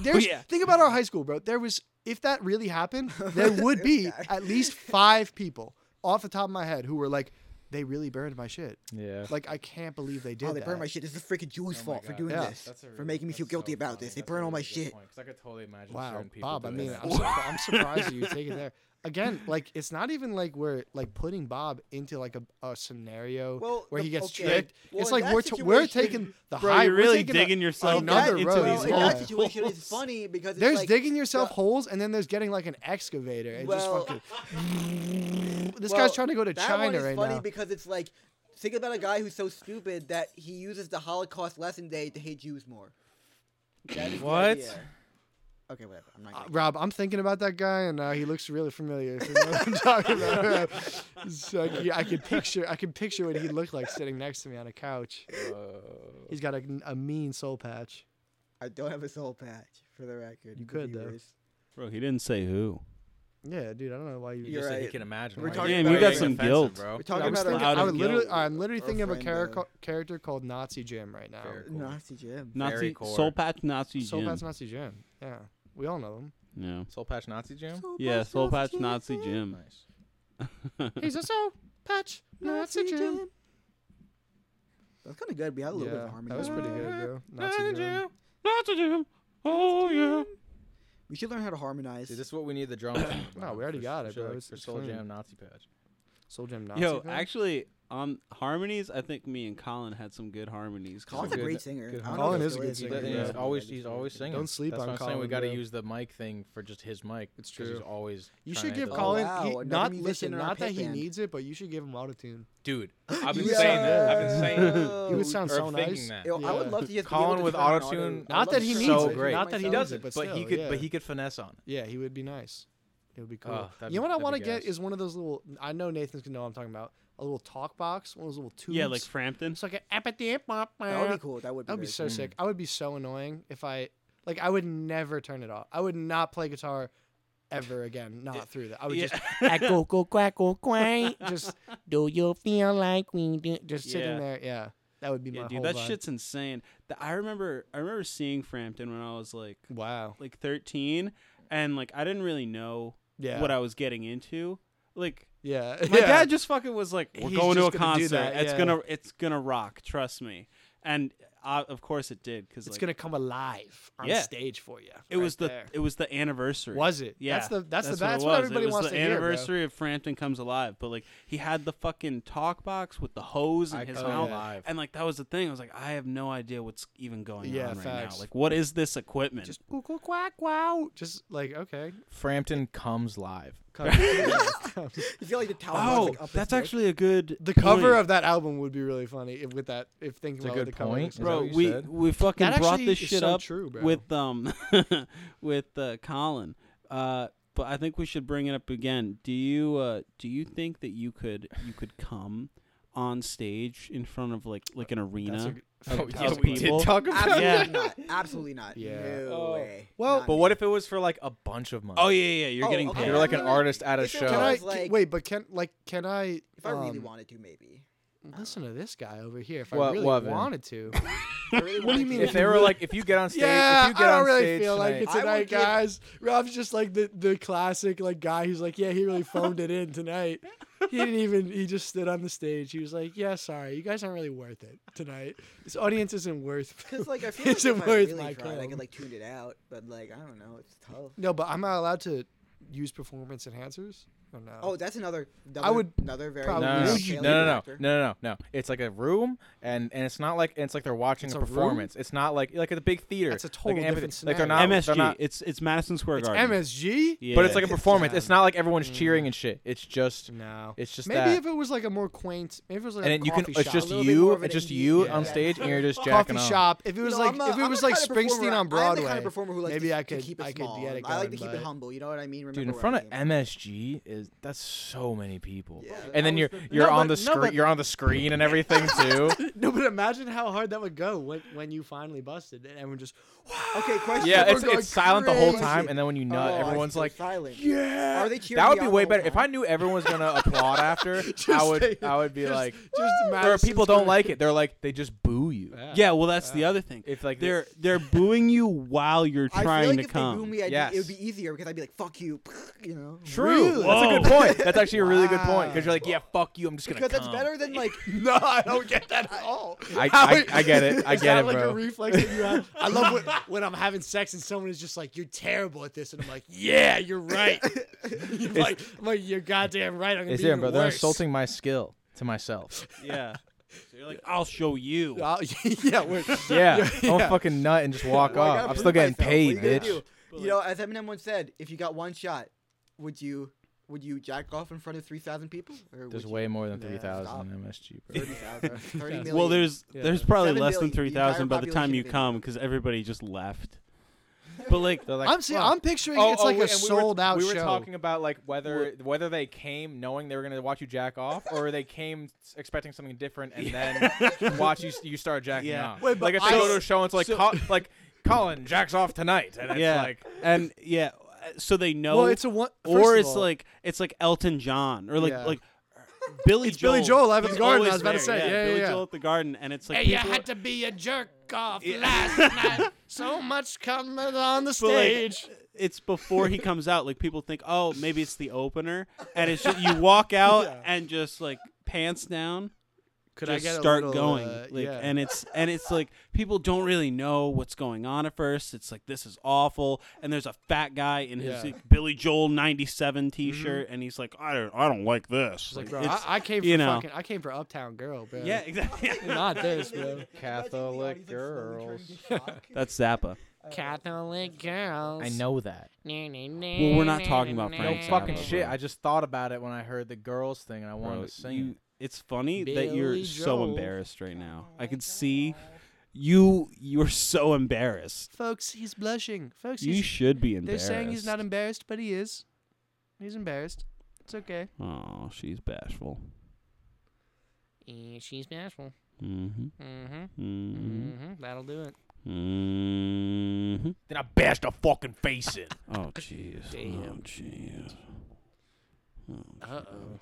[SPEAKER 2] There's,
[SPEAKER 3] yeah.
[SPEAKER 2] Think about our high school, bro. There was if that really happened, there would be at least five people off the top of my head who were like, they really burned my shit.
[SPEAKER 4] Yeah.
[SPEAKER 2] Like I can't believe they did
[SPEAKER 19] Oh, they
[SPEAKER 2] that.
[SPEAKER 19] burned my shit. This is freaking Jews' fault for doing
[SPEAKER 2] Yeah.
[SPEAKER 19] this, for making me feel guilty about this. They burn all my shit.
[SPEAKER 4] I could totally imagine
[SPEAKER 2] Wow,
[SPEAKER 4] certain people.
[SPEAKER 2] Bob. I mean, I'm, surpri- I'm surprised that you take it there. again, like it's not even like we're like putting Bob into like a, a scenario
[SPEAKER 1] Well,
[SPEAKER 2] where
[SPEAKER 1] the-
[SPEAKER 2] he gets
[SPEAKER 1] okay.
[SPEAKER 2] tricked.
[SPEAKER 1] Well,
[SPEAKER 2] it's
[SPEAKER 1] in
[SPEAKER 2] like
[SPEAKER 1] that
[SPEAKER 2] we're t- we're
[SPEAKER 1] situation-
[SPEAKER 2] taking the
[SPEAKER 3] Bro,
[SPEAKER 2] high.
[SPEAKER 3] you're
[SPEAKER 2] we're
[SPEAKER 3] really
[SPEAKER 2] taking
[SPEAKER 3] digging
[SPEAKER 2] a,
[SPEAKER 3] yourself
[SPEAKER 2] another
[SPEAKER 3] into
[SPEAKER 2] road.
[SPEAKER 3] these
[SPEAKER 1] Well, in
[SPEAKER 2] Yeah.
[SPEAKER 1] that situation, it's funny because it's
[SPEAKER 2] There's
[SPEAKER 1] like,
[SPEAKER 2] digging yourself holes, and then there's getting like an excavator and
[SPEAKER 1] Well-
[SPEAKER 2] just fucking. this
[SPEAKER 1] Well,
[SPEAKER 2] guy's trying to go to
[SPEAKER 1] that
[SPEAKER 2] China
[SPEAKER 1] one is
[SPEAKER 2] right
[SPEAKER 1] funny
[SPEAKER 2] now.
[SPEAKER 1] because it's like think about a guy who's so stupid that he uses the Holocaust lesson day to hate Jews more. That is the
[SPEAKER 4] What?
[SPEAKER 1] idea. Okay, whatever. I'm not.
[SPEAKER 2] Uh,
[SPEAKER 1] gonna-
[SPEAKER 2] Rob, I'm thinking about that guy, and uh, he looks really familiar. If you know what I'm talking about. so I, c- I can picture, I can picture what he looked like sitting next to me on a couch. He's got a, a mean soul patch.
[SPEAKER 1] I don't have a soul patch for the record. the
[SPEAKER 2] You could, though.
[SPEAKER 1] viewers.
[SPEAKER 3] Bro, he didn't say who.
[SPEAKER 2] Yeah, dude, I don't know why you.
[SPEAKER 4] You
[SPEAKER 1] You're
[SPEAKER 4] just said he
[SPEAKER 1] right.
[SPEAKER 4] can imagine.
[SPEAKER 1] We're
[SPEAKER 4] right?
[SPEAKER 1] talking
[SPEAKER 3] Damn, you
[SPEAKER 1] about
[SPEAKER 3] got
[SPEAKER 1] it.
[SPEAKER 3] some
[SPEAKER 4] Offensive,
[SPEAKER 3] guilt.
[SPEAKER 4] bro.
[SPEAKER 1] We're
[SPEAKER 2] Dude,
[SPEAKER 1] talking
[SPEAKER 2] I was
[SPEAKER 1] about
[SPEAKER 2] thinking-
[SPEAKER 3] Out
[SPEAKER 2] I
[SPEAKER 3] of
[SPEAKER 2] was literally,
[SPEAKER 3] guilt.
[SPEAKER 2] I'm literally
[SPEAKER 1] Our
[SPEAKER 2] thinking of a
[SPEAKER 1] friend,
[SPEAKER 2] character,
[SPEAKER 1] uh,
[SPEAKER 2] character called Nazi Jim right now.
[SPEAKER 4] Fair.
[SPEAKER 1] a Nazi Jim.
[SPEAKER 3] Nazi
[SPEAKER 4] Very core.
[SPEAKER 3] Soul Patch Nazi
[SPEAKER 2] Soul
[SPEAKER 3] Jim.
[SPEAKER 2] Patch Nazi Jim. Yeah, we all know him.
[SPEAKER 3] yeah.
[SPEAKER 4] Soul Patch Nazi Jam.
[SPEAKER 3] Yeah, Soul Patch Nazi Jim.
[SPEAKER 4] Nice.
[SPEAKER 2] He's a soul patch Nazi Jim.
[SPEAKER 1] That's kind of good. We had a little bit
[SPEAKER 2] Yeah,
[SPEAKER 1] of harmony.
[SPEAKER 2] that was pretty good, bro. Nazi Jim.
[SPEAKER 3] Nazi Jim. Oh yeah.
[SPEAKER 1] We should learn how to harmonize.
[SPEAKER 4] Dude, this is what we need the drums. in, bro.
[SPEAKER 2] No, we already
[SPEAKER 4] For-
[SPEAKER 2] got
[SPEAKER 4] for
[SPEAKER 2] it,
[SPEAKER 4] shit
[SPEAKER 2] bro.
[SPEAKER 4] like-
[SPEAKER 2] It's-
[SPEAKER 4] for
[SPEAKER 2] it's
[SPEAKER 4] Soul
[SPEAKER 2] clean.
[SPEAKER 4] Jam Nazi Patch.
[SPEAKER 2] Soul Jim Nazi.
[SPEAKER 3] Yo,
[SPEAKER 2] fan?
[SPEAKER 3] actually, on harmonies, I think me and Colin had some good harmonies. 'cause
[SPEAKER 1] Colin's a
[SPEAKER 3] we're
[SPEAKER 1] great
[SPEAKER 3] good-
[SPEAKER 1] singer.
[SPEAKER 4] good
[SPEAKER 1] I don't know
[SPEAKER 2] Colin
[SPEAKER 1] if
[SPEAKER 2] is a
[SPEAKER 1] he
[SPEAKER 2] good
[SPEAKER 1] is, but
[SPEAKER 2] singer,
[SPEAKER 1] he's
[SPEAKER 2] yeah.
[SPEAKER 4] He's
[SPEAKER 1] good.
[SPEAKER 4] always he's always singing.
[SPEAKER 2] sleep
[SPEAKER 4] That's
[SPEAKER 2] on
[SPEAKER 4] what I'm saying. We
[SPEAKER 2] Colin,
[SPEAKER 4] got to
[SPEAKER 2] bro.
[SPEAKER 4] use the mic thing for just his mic.
[SPEAKER 2] It's
[SPEAKER 4] 'cause He's
[SPEAKER 2] true.
[SPEAKER 4] always.
[SPEAKER 2] You
[SPEAKER 4] trying
[SPEAKER 2] should
[SPEAKER 4] to
[SPEAKER 2] give
[SPEAKER 4] do-
[SPEAKER 2] Colin
[SPEAKER 1] Oh, wow,
[SPEAKER 2] he,
[SPEAKER 1] another
[SPEAKER 2] not
[SPEAKER 1] musician
[SPEAKER 2] listen,
[SPEAKER 1] in our
[SPEAKER 2] not that
[SPEAKER 1] pit
[SPEAKER 2] he
[SPEAKER 1] band.
[SPEAKER 2] needs it, but you should give him auto tune.
[SPEAKER 4] Dude, I've been
[SPEAKER 1] Yeah.
[SPEAKER 4] saying that. I've been saying
[SPEAKER 1] Oh.
[SPEAKER 4] that.
[SPEAKER 2] He would sound
[SPEAKER 4] Or
[SPEAKER 2] so
[SPEAKER 4] thinking
[SPEAKER 2] nice.
[SPEAKER 4] that.
[SPEAKER 1] Yo, I would
[SPEAKER 2] Yeah.
[SPEAKER 1] love to just be
[SPEAKER 4] Colin
[SPEAKER 1] able to
[SPEAKER 4] with
[SPEAKER 1] turn on
[SPEAKER 4] auto-tune,
[SPEAKER 1] auto-
[SPEAKER 2] Not
[SPEAKER 1] I'd
[SPEAKER 2] that
[SPEAKER 1] love
[SPEAKER 2] he
[SPEAKER 1] to turn
[SPEAKER 2] needs
[SPEAKER 1] on
[SPEAKER 4] so
[SPEAKER 2] it.
[SPEAKER 1] auto-tune
[SPEAKER 4] great.
[SPEAKER 2] Not that he
[SPEAKER 1] myself.
[SPEAKER 2] needs it, but,
[SPEAKER 4] but
[SPEAKER 2] still,
[SPEAKER 4] he could,
[SPEAKER 2] yeah.
[SPEAKER 4] but he could finesse on it.
[SPEAKER 2] Yeah, he would be nice. It would be cool.
[SPEAKER 4] Oh, that'd
[SPEAKER 2] you know
[SPEAKER 4] be-
[SPEAKER 2] what I
[SPEAKER 4] that'd
[SPEAKER 2] want to
[SPEAKER 4] be
[SPEAKER 2] get
[SPEAKER 4] gas.
[SPEAKER 2] is one of those little. I know Nathan's gonna know what I'm talking about. A little talk box, one of those little tubes.
[SPEAKER 3] Yeah, like Frampton.
[SPEAKER 2] it's like an apathy. That
[SPEAKER 1] That would be cool. That would be,
[SPEAKER 2] That would be
[SPEAKER 1] very
[SPEAKER 2] so
[SPEAKER 1] cool.
[SPEAKER 3] Mm.
[SPEAKER 2] sick. I would be so annoying if I like. I would never turn it off. I would not play guitar ever again. Not through that. I would just
[SPEAKER 20] go go quack go quack.
[SPEAKER 2] just
[SPEAKER 20] Do you feel like we do?
[SPEAKER 2] just sitting
[SPEAKER 3] Yeah.
[SPEAKER 2] there. Yeah, that would be
[SPEAKER 3] Yeah,
[SPEAKER 2] my
[SPEAKER 3] dude,
[SPEAKER 2] whole
[SPEAKER 3] that
[SPEAKER 2] vibe.
[SPEAKER 3] shit's insane. Th- I remember, I remember seeing Frampton when I was like,
[SPEAKER 2] Wow.
[SPEAKER 3] like 13, and like I didn't really know
[SPEAKER 2] Yeah.
[SPEAKER 3] what I was getting into. Like
[SPEAKER 2] Yeah.
[SPEAKER 3] my
[SPEAKER 2] yeah.
[SPEAKER 3] dad just fucking was like, "We're
[SPEAKER 2] He's
[SPEAKER 3] going to a
[SPEAKER 2] just gonna do
[SPEAKER 3] concert.
[SPEAKER 2] that,
[SPEAKER 3] It's
[SPEAKER 2] yeah.
[SPEAKER 3] gonna, it's gonna rock. Trust me." And uh, of course it did because
[SPEAKER 2] It's
[SPEAKER 3] like,
[SPEAKER 2] gonna come alive on
[SPEAKER 3] Yeah.
[SPEAKER 2] stage for you.
[SPEAKER 3] It was the
[SPEAKER 2] there.
[SPEAKER 3] it was the anniversary.
[SPEAKER 2] Was it?
[SPEAKER 3] Yeah,
[SPEAKER 2] That's the- that's the- that's
[SPEAKER 3] it
[SPEAKER 2] what
[SPEAKER 3] was.
[SPEAKER 2] everybody
[SPEAKER 3] it was
[SPEAKER 2] wants
[SPEAKER 3] the
[SPEAKER 2] to hear, bro.
[SPEAKER 3] anniversary of Frampton comes alive. But like he had the fucking talk box with the hose in
[SPEAKER 4] I
[SPEAKER 3] his
[SPEAKER 4] Come
[SPEAKER 3] mouth,
[SPEAKER 4] Alive.
[SPEAKER 3] and like that was the thing. I was like, I have no idea what's even going
[SPEAKER 2] Yeah,
[SPEAKER 3] on right
[SPEAKER 2] facts.
[SPEAKER 3] now. Like, what is this equipment?
[SPEAKER 2] just go go quack wow. Just like okay.
[SPEAKER 4] Frampton comes live.
[SPEAKER 1] You feel like the tower.
[SPEAKER 3] oh,
[SPEAKER 1] like, up his
[SPEAKER 3] that's
[SPEAKER 1] neck.
[SPEAKER 3] actually a good
[SPEAKER 2] The cover
[SPEAKER 3] point.
[SPEAKER 2] of that album would be really funny if with that if thinking
[SPEAKER 4] It's a
[SPEAKER 2] about
[SPEAKER 4] good
[SPEAKER 2] what the cover
[SPEAKER 4] point.
[SPEAKER 2] looks
[SPEAKER 4] Is
[SPEAKER 2] like.
[SPEAKER 4] that
[SPEAKER 3] bro.
[SPEAKER 4] what you
[SPEAKER 3] We
[SPEAKER 4] said?
[SPEAKER 3] we fucking
[SPEAKER 2] That
[SPEAKER 3] brought
[SPEAKER 2] actually
[SPEAKER 3] this
[SPEAKER 2] is
[SPEAKER 3] shit
[SPEAKER 2] so
[SPEAKER 3] up
[SPEAKER 2] true, bro.
[SPEAKER 3] with um with uh, Colin. Uh, but I think we should bring it up again. Do you uh do you think that you could you could come on stage in front of like like an
[SPEAKER 2] That's a
[SPEAKER 3] arena?
[SPEAKER 2] good-
[SPEAKER 4] Oh,
[SPEAKER 3] yeah,
[SPEAKER 4] yeah,
[SPEAKER 3] we did people.
[SPEAKER 4] talk about
[SPEAKER 1] Absolutely
[SPEAKER 3] Yeah.
[SPEAKER 1] not. Absolutely not.
[SPEAKER 2] Yeah.
[SPEAKER 1] No
[SPEAKER 4] Oh.
[SPEAKER 1] way.
[SPEAKER 2] Well,
[SPEAKER 1] Not
[SPEAKER 4] But
[SPEAKER 1] me.
[SPEAKER 4] what if it was for like a bunch of money?
[SPEAKER 3] Oh yeah, yeah, yeah, you're
[SPEAKER 1] Oh,
[SPEAKER 3] getting
[SPEAKER 1] okay.
[SPEAKER 3] paid.
[SPEAKER 4] You're like an
[SPEAKER 1] Uh,
[SPEAKER 4] artist at a
[SPEAKER 1] if it
[SPEAKER 4] show.
[SPEAKER 2] Can I
[SPEAKER 1] was like-
[SPEAKER 2] wait? But can like can I?
[SPEAKER 1] If I really
[SPEAKER 2] um,
[SPEAKER 1] wanted to, maybe.
[SPEAKER 2] listen to this guy over here. If I
[SPEAKER 4] What-
[SPEAKER 2] really
[SPEAKER 4] what, Vin?
[SPEAKER 2] wanted to,
[SPEAKER 1] I really
[SPEAKER 2] What do you
[SPEAKER 1] wanted
[SPEAKER 2] mean
[SPEAKER 1] to.
[SPEAKER 4] if they were like, if you get on stage,
[SPEAKER 2] yeah,
[SPEAKER 4] if you get
[SPEAKER 2] I don't
[SPEAKER 4] on
[SPEAKER 2] really
[SPEAKER 4] stage
[SPEAKER 2] feel
[SPEAKER 4] tonight,
[SPEAKER 2] like it
[SPEAKER 1] I would
[SPEAKER 2] tonight,
[SPEAKER 1] give-
[SPEAKER 2] guys. Rob's just like the the classic like guy who's like, yeah, he really phoned it in tonight. He didn't even. He just stood on the stage. He was like, yeah, sorry, you guys aren't really worth it tonight. This audience isn't worth.
[SPEAKER 1] Because like I feel like if
[SPEAKER 2] isn't
[SPEAKER 1] I
[SPEAKER 2] worth
[SPEAKER 1] really
[SPEAKER 2] my
[SPEAKER 1] tried, I
[SPEAKER 2] comb.
[SPEAKER 1] could like tune it out, but like I don't know, it's tough.
[SPEAKER 2] No, but I'm not allowed to use performance enhancers. Or no.
[SPEAKER 1] Oh, that's another. another
[SPEAKER 2] would
[SPEAKER 1] another very
[SPEAKER 2] probably-
[SPEAKER 4] No, no,
[SPEAKER 2] Would
[SPEAKER 4] no,
[SPEAKER 2] you
[SPEAKER 4] no,
[SPEAKER 2] do
[SPEAKER 4] no, no, no, no, no. It's like a room, and and it's not like it's like they're watching
[SPEAKER 2] It's
[SPEAKER 4] a
[SPEAKER 2] a room?
[SPEAKER 4] performance. It's not like like at a big theater.
[SPEAKER 2] That's a
[SPEAKER 4] like an
[SPEAKER 2] total different
[SPEAKER 4] amphitheater. Like they're not,
[SPEAKER 2] scenario.
[SPEAKER 4] they're
[SPEAKER 3] MSG.
[SPEAKER 4] not-
[SPEAKER 3] it's it's Madison Square
[SPEAKER 2] it's
[SPEAKER 3] Garden.
[SPEAKER 2] MSG.
[SPEAKER 3] yeah.
[SPEAKER 4] but it's like a performance. It's
[SPEAKER 2] Yeah.
[SPEAKER 4] not like everyone's cheering and shit. It's just
[SPEAKER 2] No.
[SPEAKER 4] it's just
[SPEAKER 2] maybe
[SPEAKER 4] that.
[SPEAKER 2] if it was like a more quaint, maybe if it was like
[SPEAKER 4] and
[SPEAKER 2] a
[SPEAKER 4] then you can.
[SPEAKER 2] coffee
[SPEAKER 4] It's
[SPEAKER 2] shop.
[SPEAKER 4] just
[SPEAKER 1] little bit more
[SPEAKER 4] you.
[SPEAKER 1] of
[SPEAKER 4] It's
[SPEAKER 1] an
[SPEAKER 4] just you
[SPEAKER 2] Yeah.
[SPEAKER 4] on stage, and you're just
[SPEAKER 2] coffee
[SPEAKER 4] jacking off.
[SPEAKER 2] shop. If it was
[SPEAKER 1] You know,
[SPEAKER 2] like
[SPEAKER 1] I'm a-
[SPEAKER 2] if it
[SPEAKER 1] I'm
[SPEAKER 2] was
[SPEAKER 1] the
[SPEAKER 2] like
[SPEAKER 1] kind of performer-
[SPEAKER 2] Springsteen on
[SPEAKER 1] I'm
[SPEAKER 2] Broadway,
[SPEAKER 1] the kind of performer who likes
[SPEAKER 2] maybe
[SPEAKER 1] to,
[SPEAKER 2] I
[SPEAKER 1] to
[SPEAKER 2] could
[SPEAKER 1] keep it
[SPEAKER 2] I
[SPEAKER 1] small.
[SPEAKER 2] could get it
[SPEAKER 1] I like to
[SPEAKER 2] going,
[SPEAKER 1] keep it
[SPEAKER 2] but-
[SPEAKER 1] humble. You know what I mean? Remember
[SPEAKER 4] Dude, in
[SPEAKER 1] where
[SPEAKER 4] front
[SPEAKER 1] I
[SPEAKER 4] of
[SPEAKER 1] came from.
[SPEAKER 4] MSG is that's so many people,
[SPEAKER 1] Yeah,
[SPEAKER 4] and then you're you're
[SPEAKER 2] No,
[SPEAKER 4] on
[SPEAKER 2] but-
[SPEAKER 4] the
[SPEAKER 2] no,
[SPEAKER 4] screen
[SPEAKER 2] but-
[SPEAKER 4] you're on the screen and everything too.
[SPEAKER 2] No, but imagine how hard that would go when when you finally busted and everyone just
[SPEAKER 1] Okay, question.
[SPEAKER 4] yeah,
[SPEAKER 1] We're
[SPEAKER 4] it's
[SPEAKER 1] going
[SPEAKER 4] it's silent the whole
[SPEAKER 1] crazy.
[SPEAKER 4] time, and then when you
[SPEAKER 1] Oh,
[SPEAKER 4] nut,
[SPEAKER 1] I
[SPEAKER 4] everyone's
[SPEAKER 1] see,
[SPEAKER 4] like,
[SPEAKER 1] silent.
[SPEAKER 4] yeah.
[SPEAKER 1] Are they cheering
[SPEAKER 4] That would
[SPEAKER 1] me
[SPEAKER 4] be
[SPEAKER 1] on
[SPEAKER 4] way
[SPEAKER 1] the whole
[SPEAKER 4] better. If
[SPEAKER 1] time?
[SPEAKER 4] I knew everyone was gonna applaud after, I would
[SPEAKER 2] say-
[SPEAKER 4] I would be
[SPEAKER 2] just-
[SPEAKER 4] like,
[SPEAKER 2] just
[SPEAKER 4] or
[SPEAKER 2] Madison
[SPEAKER 4] people
[SPEAKER 2] Square-
[SPEAKER 4] don't like it. They're like they just boo you.
[SPEAKER 3] yeah, well that's the other thing.
[SPEAKER 4] If, like,
[SPEAKER 3] they're they're booing you while you're
[SPEAKER 1] I feel
[SPEAKER 3] trying
[SPEAKER 1] like
[SPEAKER 3] to
[SPEAKER 1] if they
[SPEAKER 3] come.
[SPEAKER 1] boo me, I'd be-
[SPEAKER 4] Yes.
[SPEAKER 1] it would be easier because I'd be like, "Fuck you," you know.
[SPEAKER 4] True. That's like a good point. That's actually a really good point because you're like, yeah, fuck you. I'm just gonna.
[SPEAKER 19] Because that's
[SPEAKER 4] come.
[SPEAKER 19] better than like.
[SPEAKER 2] no, I don't get that at all.
[SPEAKER 4] I,
[SPEAKER 2] How
[SPEAKER 4] I,
[SPEAKER 2] it-
[SPEAKER 4] I get it. I
[SPEAKER 2] is
[SPEAKER 4] get
[SPEAKER 2] that
[SPEAKER 4] it,
[SPEAKER 2] like
[SPEAKER 4] bro.
[SPEAKER 2] a reflex that you have?
[SPEAKER 8] I love when, when I'm having sex and someone is just like, "You're terrible at this," and I'm like, "Yeah, you're right." I'm like, I'm like, "You're goddamn right." I'm gonna
[SPEAKER 4] It's
[SPEAKER 8] be even
[SPEAKER 4] different, bro.
[SPEAKER 8] worse.
[SPEAKER 4] They're insulting my skill to myself.
[SPEAKER 3] Yeah. So you're like, I'll show you.
[SPEAKER 2] Uh, yeah, we're,
[SPEAKER 4] Yeah,
[SPEAKER 2] yeah.
[SPEAKER 4] I'm a fucking nut and just walk
[SPEAKER 19] Well, I
[SPEAKER 4] off.
[SPEAKER 19] gotta
[SPEAKER 4] I'm
[SPEAKER 19] prove
[SPEAKER 4] still getting
[SPEAKER 19] myself.
[SPEAKER 4] paid,
[SPEAKER 19] What are you
[SPEAKER 4] bitch.
[SPEAKER 19] gonna do? You know, as Eminem once said, if you got one shot, would you would you jack off in front of three thousand people? Or
[SPEAKER 4] There's
[SPEAKER 19] would
[SPEAKER 4] way
[SPEAKER 19] you?
[SPEAKER 4] more than
[SPEAKER 19] Nah,
[SPEAKER 4] three
[SPEAKER 19] stop.
[SPEAKER 4] thousand MSG, bro.
[SPEAKER 19] 30,000, 30 million.
[SPEAKER 3] Well, there's
[SPEAKER 4] Yeah.
[SPEAKER 3] there's probably
[SPEAKER 19] Seven
[SPEAKER 3] less than
[SPEAKER 19] billion. The
[SPEAKER 3] three thousand by
[SPEAKER 19] entire
[SPEAKER 3] the time
[SPEAKER 19] population
[SPEAKER 3] you
[SPEAKER 19] of
[SPEAKER 3] come because everybody just left. But like,
[SPEAKER 4] They're like,
[SPEAKER 2] I'm see,
[SPEAKER 4] "Fuck."
[SPEAKER 2] I'm picturing
[SPEAKER 4] Oh,
[SPEAKER 2] it's
[SPEAKER 4] oh,
[SPEAKER 2] like
[SPEAKER 4] wait,
[SPEAKER 2] a
[SPEAKER 4] and we were-
[SPEAKER 2] sold out
[SPEAKER 4] We were
[SPEAKER 2] show.
[SPEAKER 4] talking about like whether whether they came knowing they were gonna watch you jack off, or they came s- expecting something different and then watch you s- you start jacking
[SPEAKER 3] Yeah.
[SPEAKER 4] off.
[SPEAKER 2] Wait, but
[SPEAKER 4] like if they
[SPEAKER 2] I-
[SPEAKER 4] go to a show and it's like
[SPEAKER 3] so-
[SPEAKER 4] Col- like Colin jacks off tonight, and it's
[SPEAKER 3] yeah,
[SPEAKER 4] like
[SPEAKER 3] and yeah, uh, so they know.
[SPEAKER 2] well, it's a one. first
[SPEAKER 3] or
[SPEAKER 2] of
[SPEAKER 3] it's
[SPEAKER 2] all-
[SPEAKER 3] like it's like Elton John or like
[SPEAKER 2] Yeah.
[SPEAKER 3] like Billy
[SPEAKER 2] It's
[SPEAKER 3] Joel.
[SPEAKER 2] Billy Joel live at
[SPEAKER 3] He's
[SPEAKER 2] the Garden, I
[SPEAKER 3] always
[SPEAKER 2] was about to
[SPEAKER 3] there,
[SPEAKER 2] say. Yeah,
[SPEAKER 3] Billy
[SPEAKER 2] yeah, yeah.
[SPEAKER 3] Joel at the Garden, and it's like
[SPEAKER 8] Hey, you
[SPEAKER 3] people-
[SPEAKER 8] had to be a jerk off last night. So much coming on the
[SPEAKER 3] but, like, uh,
[SPEAKER 8] stage.
[SPEAKER 3] it's before he comes out. Like people think, oh, maybe it's the opener, and it's just, you walk out and just like pants down,
[SPEAKER 2] Could
[SPEAKER 3] just
[SPEAKER 2] I get a
[SPEAKER 3] start
[SPEAKER 2] little,
[SPEAKER 3] going.
[SPEAKER 2] uh,
[SPEAKER 3] like,
[SPEAKER 2] yeah.
[SPEAKER 3] and it's and it's like people don't really know what's going on at first. It's like this is awful, and there's a fat guy in his
[SPEAKER 2] Yeah.
[SPEAKER 3] like, Billy Joel '97 T-shirt, and he's like, I don't, I don't like this.
[SPEAKER 2] It's like, bro,
[SPEAKER 3] it's-
[SPEAKER 2] I, I came
[SPEAKER 3] you
[SPEAKER 2] for
[SPEAKER 3] know.
[SPEAKER 2] fucking, I came for Uptown Girl, bro.
[SPEAKER 3] yeah, exactly.
[SPEAKER 2] not this, bro.
[SPEAKER 4] Catholic girls.
[SPEAKER 3] That's Zappa.
[SPEAKER 8] Catholic girls.
[SPEAKER 4] know that.
[SPEAKER 8] Well,
[SPEAKER 3] we're not talking about
[SPEAKER 4] No
[SPEAKER 3] Frank
[SPEAKER 4] fucking
[SPEAKER 3] Zappa,
[SPEAKER 4] shit.
[SPEAKER 3] bro.
[SPEAKER 4] I just thought about it when I heard the girls thing and I wanted
[SPEAKER 3] Bro,
[SPEAKER 4] to sing.
[SPEAKER 3] you-
[SPEAKER 4] it.
[SPEAKER 3] it's funny that you're
[SPEAKER 8] Billy
[SPEAKER 3] so
[SPEAKER 8] Joel. Oh
[SPEAKER 3] embarrassed right now. I could see you. You're so embarrassed.
[SPEAKER 8] Folks, he's blushing. Folks,
[SPEAKER 3] You
[SPEAKER 8] he's,
[SPEAKER 3] should be
[SPEAKER 8] they're
[SPEAKER 3] embarrassed.
[SPEAKER 8] saying he's not embarrassed, but he is. He's embarrassed. It's okay.
[SPEAKER 3] oh, she's bashful.
[SPEAKER 8] Eh, she's bashful.
[SPEAKER 3] Mm-hmm.
[SPEAKER 8] Mm-hmm.
[SPEAKER 3] Mm-hmm.
[SPEAKER 8] Mm-hmm. That'll do it.
[SPEAKER 3] Mm-hmm.
[SPEAKER 9] Then I bashed her fucking face in.
[SPEAKER 3] Oh, jeez. Oh,
[SPEAKER 8] Damn.
[SPEAKER 3] jeez. Oh.
[SPEAKER 8] Uh-oh.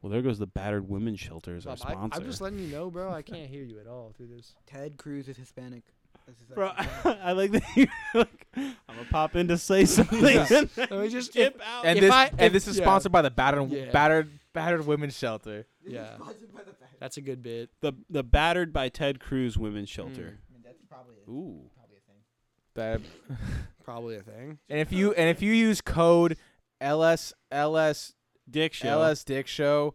[SPEAKER 3] Well, there goes the battered women's shelter as our
[SPEAKER 2] Bob, I,
[SPEAKER 3] sponsor.
[SPEAKER 2] I'm just letting you know, bro. I can't hear you at all through this.
[SPEAKER 19] Ted Cruz is Hispanic. This is like-
[SPEAKER 3] Bro, I like that you're like, I'm gonna pop in to say something. and then
[SPEAKER 2] Let me just
[SPEAKER 3] dip out.
[SPEAKER 4] And
[SPEAKER 2] If
[SPEAKER 4] this
[SPEAKER 2] I- if-
[SPEAKER 4] and this is
[SPEAKER 2] yeah.
[SPEAKER 4] sponsored by the battered
[SPEAKER 2] Yeah.
[SPEAKER 4] battered battered women's shelter.
[SPEAKER 2] Yeah, that's a good bit.
[SPEAKER 3] the the battered by Ted Cruz women's shelter.
[SPEAKER 19] I mean, that's probably
[SPEAKER 8] Mm.
[SPEAKER 19] a,
[SPEAKER 3] Ooh.
[SPEAKER 19] probably a thing.
[SPEAKER 4] That-
[SPEAKER 2] Probably a thing.
[SPEAKER 4] and if you and if you use code LS LS
[SPEAKER 3] Dick show.
[SPEAKER 4] LS Dick Show,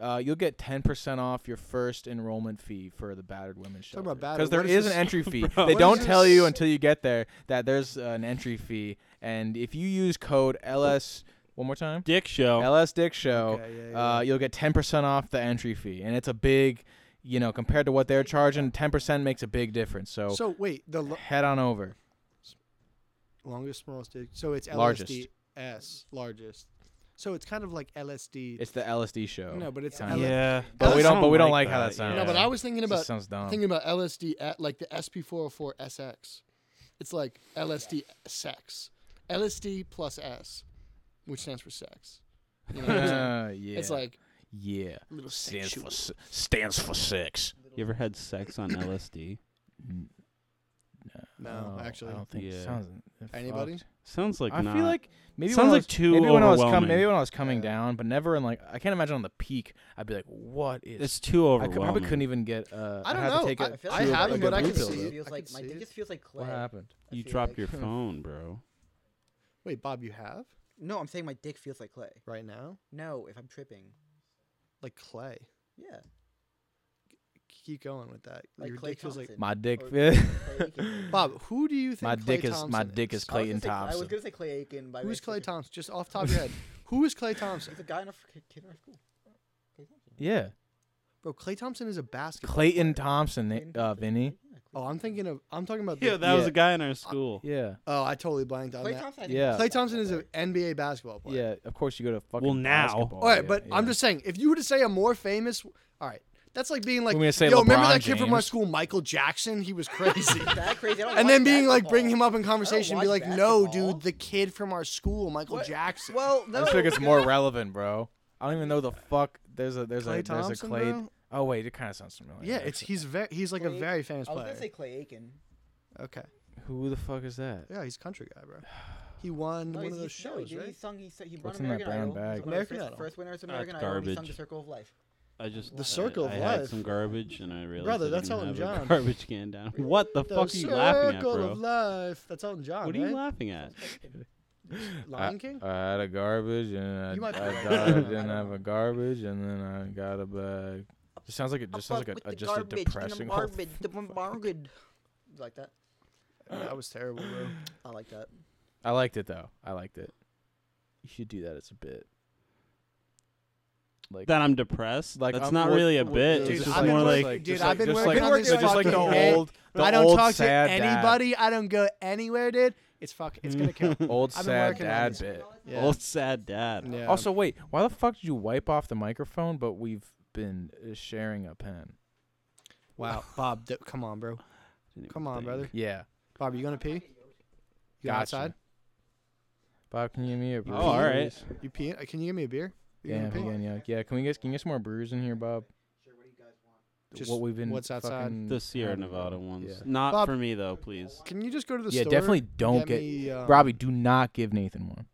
[SPEAKER 4] uh, you'll get ten percent off your first enrollment fee for the battered women's
[SPEAKER 2] Talking
[SPEAKER 4] shelter.
[SPEAKER 2] about battered,
[SPEAKER 4] Because there
[SPEAKER 2] what is
[SPEAKER 4] is an
[SPEAKER 2] this?
[SPEAKER 4] entry fee.
[SPEAKER 3] Bro.
[SPEAKER 4] They
[SPEAKER 2] What
[SPEAKER 4] don't
[SPEAKER 2] is
[SPEAKER 4] tell you
[SPEAKER 2] this?
[SPEAKER 4] until you get there that there's an entry fee, and if you use code LS one more time
[SPEAKER 3] Dick show.
[SPEAKER 4] LS
[SPEAKER 3] Oh,
[SPEAKER 4] Dick Show,
[SPEAKER 2] Okay, yeah, yeah.
[SPEAKER 4] uh, you'll get ten percent off the entry fee, and it's a big, you know, compared to what they're charging, ten percent makes a big difference. So,
[SPEAKER 2] So wait, the lo-
[SPEAKER 4] head on over.
[SPEAKER 2] longest, smallest. Dick. So it's
[SPEAKER 4] Largest.
[SPEAKER 2] LSDS, largest. So it's kind of like LSD.
[SPEAKER 4] It's the LSD Show.
[SPEAKER 2] no, but it's
[SPEAKER 4] Yeah.
[SPEAKER 2] LSD.
[SPEAKER 3] yeah,
[SPEAKER 4] But we
[SPEAKER 3] I
[SPEAKER 4] don't. But we don't like
[SPEAKER 3] like
[SPEAKER 4] how
[SPEAKER 3] that,
[SPEAKER 4] that sounds.
[SPEAKER 3] yeah.
[SPEAKER 8] No, but I was thinking
[SPEAKER 4] It
[SPEAKER 8] about
[SPEAKER 4] sounds dumb.
[SPEAKER 8] thinking about LSD at uh, like the SP404SX. It's like LSD sex. LSD plus S, which stands for sex. You know what I'm saying?
[SPEAKER 4] Uh, yeah.
[SPEAKER 8] It's like
[SPEAKER 4] yeah.
[SPEAKER 8] little
[SPEAKER 9] Stands
[SPEAKER 8] sexual.
[SPEAKER 9] for, s- stands for six.
[SPEAKER 3] You ever had sex on LSD?
[SPEAKER 2] No, actually.
[SPEAKER 4] Oh, I don't think
[SPEAKER 3] Yeah.
[SPEAKER 4] it sounds.
[SPEAKER 2] Anybody?
[SPEAKER 4] fucked.
[SPEAKER 3] Sounds like
[SPEAKER 4] I
[SPEAKER 3] not.
[SPEAKER 4] feel like maybe
[SPEAKER 3] Sounds
[SPEAKER 4] when I
[SPEAKER 3] like
[SPEAKER 4] was,
[SPEAKER 3] too
[SPEAKER 4] maybe when I was
[SPEAKER 3] overwhelming.
[SPEAKER 4] com- maybe when I was coming
[SPEAKER 2] Yeah.
[SPEAKER 4] down, but never in like I can't imagine on the peak. I'd be like, what is?
[SPEAKER 3] it's too
[SPEAKER 4] I
[SPEAKER 3] overwhelming.
[SPEAKER 4] could, probably couldn't even get. Uh,
[SPEAKER 2] I don't
[SPEAKER 4] I'd have
[SPEAKER 2] know.
[SPEAKER 4] To take
[SPEAKER 2] I-
[SPEAKER 4] a-
[SPEAKER 2] I feel like
[SPEAKER 4] two,
[SPEAKER 2] I haven't,
[SPEAKER 4] like
[SPEAKER 2] but
[SPEAKER 4] a
[SPEAKER 2] I
[SPEAKER 4] blue
[SPEAKER 2] can
[SPEAKER 4] pill.
[SPEAKER 2] see it.
[SPEAKER 19] Feels
[SPEAKER 2] I
[SPEAKER 19] like
[SPEAKER 2] can
[SPEAKER 19] my
[SPEAKER 2] see
[SPEAKER 19] dick
[SPEAKER 2] it.
[SPEAKER 19] just feels like clay.
[SPEAKER 4] What happened?
[SPEAKER 19] I
[SPEAKER 3] You
[SPEAKER 19] feel
[SPEAKER 3] dropped
[SPEAKER 19] like-
[SPEAKER 3] your phone, bro.
[SPEAKER 2] Wait, Bob, you have
[SPEAKER 19] No, I'm saying my dick feels like clay.
[SPEAKER 2] right now
[SPEAKER 19] No, if I'm tripping.
[SPEAKER 2] like clay.
[SPEAKER 19] Yeah.
[SPEAKER 2] Keep going with that.
[SPEAKER 19] Like
[SPEAKER 2] Your
[SPEAKER 19] Clay
[SPEAKER 2] dick feels like
[SPEAKER 19] Thompson.
[SPEAKER 4] My dick.
[SPEAKER 19] Or-
[SPEAKER 4] fit-
[SPEAKER 19] Clay Aiken.
[SPEAKER 2] Bob. Who do you think
[SPEAKER 4] my
[SPEAKER 2] Clay
[SPEAKER 4] dick is my
[SPEAKER 2] Thompson
[SPEAKER 4] dick is Clayton
[SPEAKER 19] I was
[SPEAKER 4] Thompson.
[SPEAKER 19] gonna say Clay Aiken. By
[SPEAKER 2] Who's Clay Thompson? Just off the top of your head, who is Clay Thompson?
[SPEAKER 19] He's a guy in our f- kid in our school. Clay Thompson.
[SPEAKER 4] Yeah,
[SPEAKER 2] Bro, Clay Thompson is a basketball.
[SPEAKER 4] Clayton
[SPEAKER 2] player.
[SPEAKER 4] Thompson. Uh, Vinny.
[SPEAKER 19] Yeah, Clay
[SPEAKER 2] Oh, I'm thinking of. I'm talking about.
[SPEAKER 3] Yeah,
[SPEAKER 2] the-
[SPEAKER 3] that was
[SPEAKER 4] Yeah.
[SPEAKER 3] a guy in our school.
[SPEAKER 4] Yeah,
[SPEAKER 2] Oh, I totally blanked on
[SPEAKER 19] Clay
[SPEAKER 2] that.
[SPEAKER 19] Thompson. I think,
[SPEAKER 4] Yeah.
[SPEAKER 19] is a
[SPEAKER 2] Clay Thompson is an
[SPEAKER 19] basketball
[SPEAKER 2] NBA basketball player.
[SPEAKER 4] yeah. Of course you go to fucking.
[SPEAKER 3] Well, now-
[SPEAKER 4] basketball,
[SPEAKER 2] All right,
[SPEAKER 4] yeah,
[SPEAKER 2] but
[SPEAKER 4] yeah.
[SPEAKER 2] I'm just saying, if you were to say a more famous, all right, that's like being like,
[SPEAKER 4] want me to say
[SPEAKER 2] yo, remember
[SPEAKER 4] LeBron
[SPEAKER 2] that kid from our
[SPEAKER 4] James?
[SPEAKER 2] school, Michael Jackson? He was crazy.
[SPEAKER 19] player. That crazy. I don't
[SPEAKER 2] and
[SPEAKER 19] watch
[SPEAKER 2] then being like, bring him
[SPEAKER 19] basketball.
[SPEAKER 2] up in conversation, and be
[SPEAKER 19] watch
[SPEAKER 2] like, no,
[SPEAKER 19] basketball.
[SPEAKER 2] dude, the kid from our school, Michael Jackson.
[SPEAKER 19] Well,
[SPEAKER 4] I
[SPEAKER 19] no.
[SPEAKER 4] just think it's more relevant, bro. I don't even know the fuck. There's a there's
[SPEAKER 2] Clay
[SPEAKER 4] a there's
[SPEAKER 2] Thompson,
[SPEAKER 4] a Clay.
[SPEAKER 2] bro?
[SPEAKER 4] Oh wait, it kind of sounds familiar.
[SPEAKER 2] yeah, it's
[SPEAKER 4] actually.
[SPEAKER 2] he's very he's like a
[SPEAKER 19] Clay-
[SPEAKER 2] very famous
[SPEAKER 19] I was
[SPEAKER 2] player.
[SPEAKER 19] gonna say Clay Aiken.
[SPEAKER 2] okay,
[SPEAKER 4] Who the fuck is that?
[SPEAKER 2] yeah, he's a country guy, bro. He won
[SPEAKER 19] No,
[SPEAKER 2] one
[SPEAKER 19] he's-
[SPEAKER 2] of those
[SPEAKER 19] he's- no, he
[SPEAKER 2] shows,
[SPEAKER 19] did.
[SPEAKER 2] right?
[SPEAKER 19] He sung. He, sa- he won
[SPEAKER 4] What's in that
[SPEAKER 19] American
[SPEAKER 4] brown
[SPEAKER 19] Idol. He was
[SPEAKER 4] bag?
[SPEAKER 19] one of the
[SPEAKER 2] American
[SPEAKER 19] first,
[SPEAKER 2] Idol.
[SPEAKER 19] First winner of
[SPEAKER 3] Ah, it's
[SPEAKER 19] American Idol. He sung the
[SPEAKER 3] garbage.
[SPEAKER 19] Circle of Life.
[SPEAKER 3] I just
[SPEAKER 2] The
[SPEAKER 3] I-
[SPEAKER 2] circle of
[SPEAKER 3] I, had
[SPEAKER 2] life.
[SPEAKER 3] some garbage and I realized
[SPEAKER 2] Brother,
[SPEAKER 3] I
[SPEAKER 2] that's
[SPEAKER 3] didn't
[SPEAKER 2] Elton
[SPEAKER 3] have a
[SPEAKER 2] John.
[SPEAKER 3] garbage can down. What the
[SPEAKER 2] The
[SPEAKER 3] fuck are you laughing at,
[SPEAKER 2] Circle
[SPEAKER 3] bro?
[SPEAKER 2] of Life. That's Elton John.
[SPEAKER 3] What are you
[SPEAKER 2] right?
[SPEAKER 3] laughing at?
[SPEAKER 2] Lion King.
[SPEAKER 4] I had a garbage and
[SPEAKER 2] You
[SPEAKER 4] I,
[SPEAKER 2] might be
[SPEAKER 4] I
[SPEAKER 2] right.
[SPEAKER 4] died
[SPEAKER 2] I don't
[SPEAKER 4] and I have a garbage and then I got a bag. Just sounds like it
[SPEAKER 19] Up
[SPEAKER 4] just sounds
[SPEAKER 19] up
[SPEAKER 4] like
[SPEAKER 19] with
[SPEAKER 4] a, a
[SPEAKER 19] the
[SPEAKER 4] just a
[SPEAKER 19] garbage and
[SPEAKER 4] depressing.
[SPEAKER 19] The
[SPEAKER 4] whole-
[SPEAKER 19] garbage, the garbage. Like that.
[SPEAKER 2] Uh, that was terrible, bro.
[SPEAKER 19] I like that.
[SPEAKER 4] I liked it though. I liked it. You should do that as a bit. Like
[SPEAKER 3] That I'm depressed.
[SPEAKER 4] Like,
[SPEAKER 3] Like that's
[SPEAKER 4] um,
[SPEAKER 3] not
[SPEAKER 4] what-
[SPEAKER 3] really a
[SPEAKER 4] what-
[SPEAKER 3] bit.
[SPEAKER 4] Dude,
[SPEAKER 3] it's just
[SPEAKER 4] I've been
[SPEAKER 3] more like,
[SPEAKER 4] working-
[SPEAKER 2] dude,
[SPEAKER 4] just
[SPEAKER 2] I've
[SPEAKER 4] like-
[SPEAKER 2] been
[SPEAKER 4] just
[SPEAKER 2] working
[SPEAKER 4] like-
[SPEAKER 2] on this
[SPEAKER 4] just like the
[SPEAKER 2] fucking head.
[SPEAKER 4] old- the
[SPEAKER 2] I don't
[SPEAKER 4] old
[SPEAKER 2] talk to
[SPEAKER 4] sad dad.
[SPEAKER 2] anybody. I don't go anywhere, dude. It's fuck. It's gonna kill.
[SPEAKER 4] old
[SPEAKER 2] I've been
[SPEAKER 4] sad
[SPEAKER 2] working on
[SPEAKER 4] dad
[SPEAKER 2] this.
[SPEAKER 4] bit.
[SPEAKER 2] Yeah.
[SPEAKER 3] old sad dad.
[SPEAKER 2] yeah.
[SPEAKER 4] Also, wait, why the fuck did you wipe off the microphone? But we've been uh, sharing a pen.
[SPEAKER 2] wow, Bob, d- come on, bro.
[SPEAKER 3] Didn't even
[SPEAKER 2] Come on,
[SPEAKER 3] think.
[SPEAKER 2] brother.
[SPEAKER 4] Yeah.
[SPEAKER 2] Bob, are you gonna pee? You going
[SPEAKER 4] Gotcha.
[SPEAKER 2] outside?
[SPEAKER 4] Bob, can you give me a
[SPEAKER 3] Oh,
[SPEAKER 4] brew?
[SPEAKER 3] all right.
[SPEAKER 2] You pee? uh, Can you give me a beer? You
[SPEAKER 4] Yeah,
[SPEAKER 2] gonna
[SPEAKER 4] if you
[SPEAKER 2] pee?
[SPEAKER 4] can, yeah, yeah. Can we get can you get some more brews in here, Bob?
[SPEAKER 2] Just
[SPEAKER 4] what we've been
[SPEAKER 2] what's outside.
[SPEAKER 4] fucking
[SPEAKER 3] The Sierra
[SPEAKER 4] having.
[SPEAKER 3] Nevada ones.
[SPEAKER 4] Yeah.
[SPEAKER 3] Not
[SPEAKER 2] Bob-
[SPEAKER 3] for me though, please.
[SPEAKER 2] Can you just go to the
[SPEAKER 4] Yeah,
[SPEAKER 2] store?
[SPEAKER 4] definitely don't
[SPEAKER 2] get,
[SPEAKER 4] get-
[SPEAKER 2] me, um,
[SPEAKER 4] Robbie, do not give Nathan one.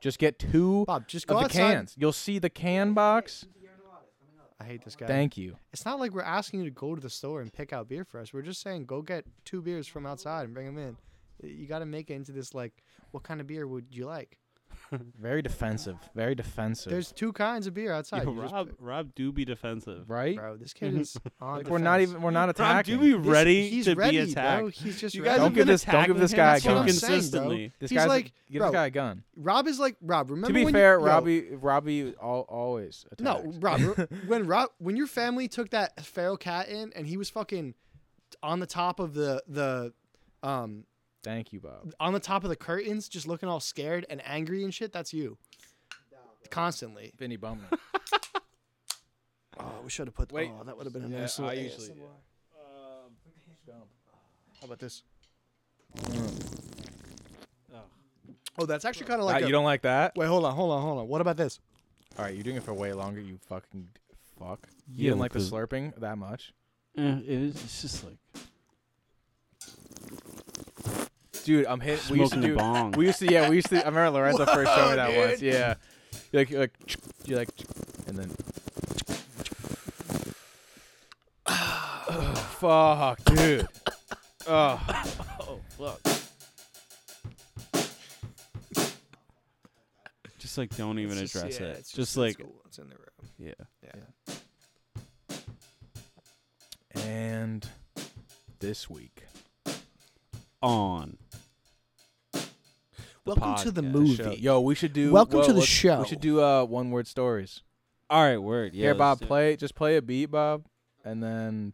[SPEAKER 4] Just get two
[SPEAKER 2] Bob, just go
[SPEAKER 4] of the
[SPEAKER 2] outside.
[SPEAKER 4] cans. You'll see the can box.
[SPEAKER 2] I hate this guy.
[SPEAKER 4] Thank you.
[SPEAKER 2] It's not like we're asking you to go to the store and pick out beer for us. We're just saying go get two beers from outside and bring them in. You got to make it into this like, what kind of beer would you like?
[SPEAKER 4] Very defensive. Very defensive.
[SPEAKER 2] There's two kinds of beer outside.
[SPEAKER 3] Yo,
[SPEAKER 2] You just-
[SPEAKER 3] Rob, Rob do be defensive.
[SPEAKER 4] right?
[SPEAKER 2] bro, this kid is on.
[SPEAKER 4] Like we're not
[SPEAKER 2] defense.
[SPEAKER 4] even we're not
[SPEAKER 3] Rob do
[SPEAKER 4] attacking.
[SPEAKER 3] be
[SPEAKER 2] This-
[SPEAKER 3] ready
[SPEAKER 2] he's
[SPEAKER 3] to
[SPEAKER 2] ready,
[SPEAKER 3] be
[SPEAKER 2] bro.
[SPEAKER 3] attacked.
[SPEAKER 2] He's just
[SPEAKER 3] you
[SPEAKER 2] ready.
[SPEAKER 3] guys
[SPEAKER 4] Don't
[SPEAKER 3] have
[SPEAKER 4] give
[SPEAKER 3] been
[SPEAKER 4] this- don't give
[SPEAKER 3] attacking
[SPEAKER 4] this
[SPEAKER 3] him
[SPEAKER 4] guy a
[SPEAKER 2] That's what I'm
[SPEAKER 4] gun.
[SPEAKER 2] saying,
[SPEAKER 3] consistently.
[SPEAKER 2] bro.
[SPEAKER 4] this
[SPEAKER 2] he's
[SPEAKER 4] guy's
[SPEAKER 2] like,
[SPEAKER 4] give
[SPEAKER 2] bro,
[SPEAKER 4] this guy a gun.
[SPEAKER 2] Rob is like Rob. Remember
[SPEAKER 4] To be
[SPEAKER 2] when
[SPEAKER 4] fair,
[SPEAKER 2] you, yo,
[SPEAKER 4] Robbie Robbie all, always attacks.
[SPEAKER 2] No, Rob. re- when Rob, when your family took that feral cat in, and he was fucking on the top of the the, um,
[SPEAKER 4] Thank you, Bob.
[SPEAKER 2] on the top of the curtains, just looking all scared and angry and shit. That's you, constantly.
[SPEAKER 4] Vinny Bummer.
[SPEAKER 2] Oh, we should have put.
[SPEAKER 4] Wait.
[SPEAKER 2] Oh, that would have been a
[SPEAKER 4] Yeah,
[SPEAKER 2] nice. little
[SPEAKER 4] I usually do.
[SPEAKER 2] How about this? Oh, that's actually kind of
[SPEAKER 4] Ah,
[SPEAKER 2] like. a-
[SPEAKER 4] you don't like that?
[SPEAKER 2] Wait, hold on, hold on, hold on. What about this?
[SPEAKER 4] All right, you're doing it for way longer. You fucking fuck. You
[SPEAKER 3] Yeah,
[SPEAKER 4] didn't like the
[SPEAKER 3] because-
[SPEAKER 4] slurping that much,
[SPEAKER 3] Eh, it is, it's just like
[SPEAKER 4] dude. I'm hit. We used to
[SPEAKER 3] smoking a
[SPEAKER 4] do.
[SPEAKER 3] bong.
[SPEAKER 4] We used to yeah. We used to. I remember Lorenzo first showed me that
[SPEAKER 2] Whoa,
[SPEAKER 4] once.
[SPEAKER 2] dude.
[SPEAKER 4] Yeah. You like you like you like, and then. Oh, fuck, dude. Oh,
[SPEAKER 3] just like don't even
[SPEAKER 2] It's
[SPEAKER 3] address
[SPEAKER 2] yeah,
[SPEAKER 3] it.
[SPEAKER 2] it's
[SPEAKER 3] Just, like
[SPEAKER 2] it's cool. it's in the room.
[SPEAKER 3] yeah.
[SPEAKER 4] and this week.
[SPEAKER 3] On.
[SPEAKER 2] Welcome to the
[SPEAKER 3] podcast
[SPEAKER 2] movie.
[SPEAKER 4] Show. Yo, we should do.
[SPEAKER 2] Welcome
[SPEAKER 4] whoa,
[SPEAKER 2] to the
[SPEAKER 4] let's-
[SPEAKER 2] show.
[SPEAKER 4] We should do uh one word stories.
[SPEAKER 3] All right, word. Yeah,
[SPEAKER 4] Here, Bob,
[SPEAKER 3] let's do it.
[SPEAKER 4] play just play a beat, Bob, and then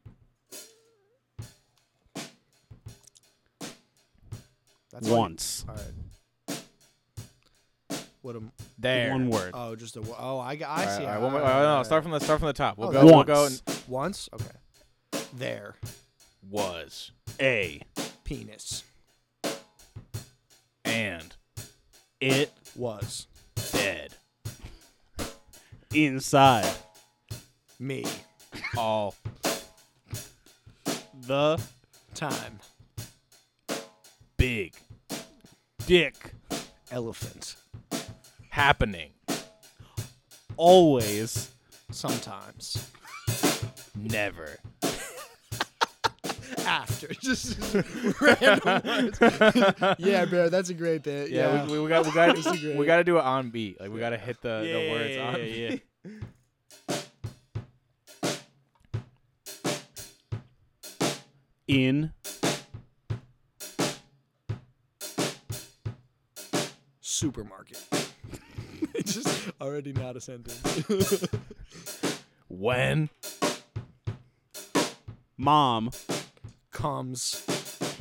[SPEAKER 2] That's all you-
[SPEAKER 3] once.
[SPEAKER 2] All right. What am?
[SPEAKER 4] there.
[SPEAKER 3] One word.
[SPEAKER 2] Oh, just a. wo- Oh, I, got- I
[SPEAKER 4] All right,
[SPEAKER 2] see.
[SPEAKER 4] all
[SPEAKER 2] how-
[SPEAKER 4] right, one more-
[SPEAKER 2] all
[SPEAKER 4] all right,
[SPEAKER 2] right,
[SPEAKER 4] no, start from the start from the top. We'll
[SPEAKER 2] Oh,
[SPEAKER 4] go.
[SPEAKER 2] that's
[SPEAKER 4] We'll
[SPEAKER 3] once.
[SPEAKER 4] go. And,
[SPEAKER 2] once. Okay. There.
[SPEAKER 4] was
[SPEAKER 3] A.
[SPEAKER 2] Penis.
[SPEAKER 4] and
[SPEAKER 3] It
[SPEAKER 2] Was.
[SPEAKER 3] dead. Inside
[SPEAKER 2] Me.
[SPEAKER 4] all
[SPEAKER 3] the
[SPEAKER 2] Time.
[SPEAKER 4] big
[SPEAKER 3] dick
[SPEAKER 2] Elephant.
[SPEAKER 4] happening
[SPEAKER 3] always
[SPEAKER 2] Sometimes.
[SPEAKER 4] never
[SPEAKER 2] After. Just random words. yeah, bro. That's a great thing.
[SPEAKER 4] yeah,
[SPEAKER 2] Yeah.
[SPEAKER 4] We, we, we got we got
[SPEAKER 2] Disagree.
[SPEAKER 4] we got to do it on beat like we got to hit the, the words
[SPEAKER 3] yeah,
[SPEAKER 4] on
[SPEAKER 3] yeah,
[SPEAKER 4] beat.
[SPEAKER 3] yeah. in
[SPEAKER 2] Supermarket. it's just already not a sentence.
[SPEAKER 4] when
[SPEAKER 3] mom
[SPEAKER 2] Comes.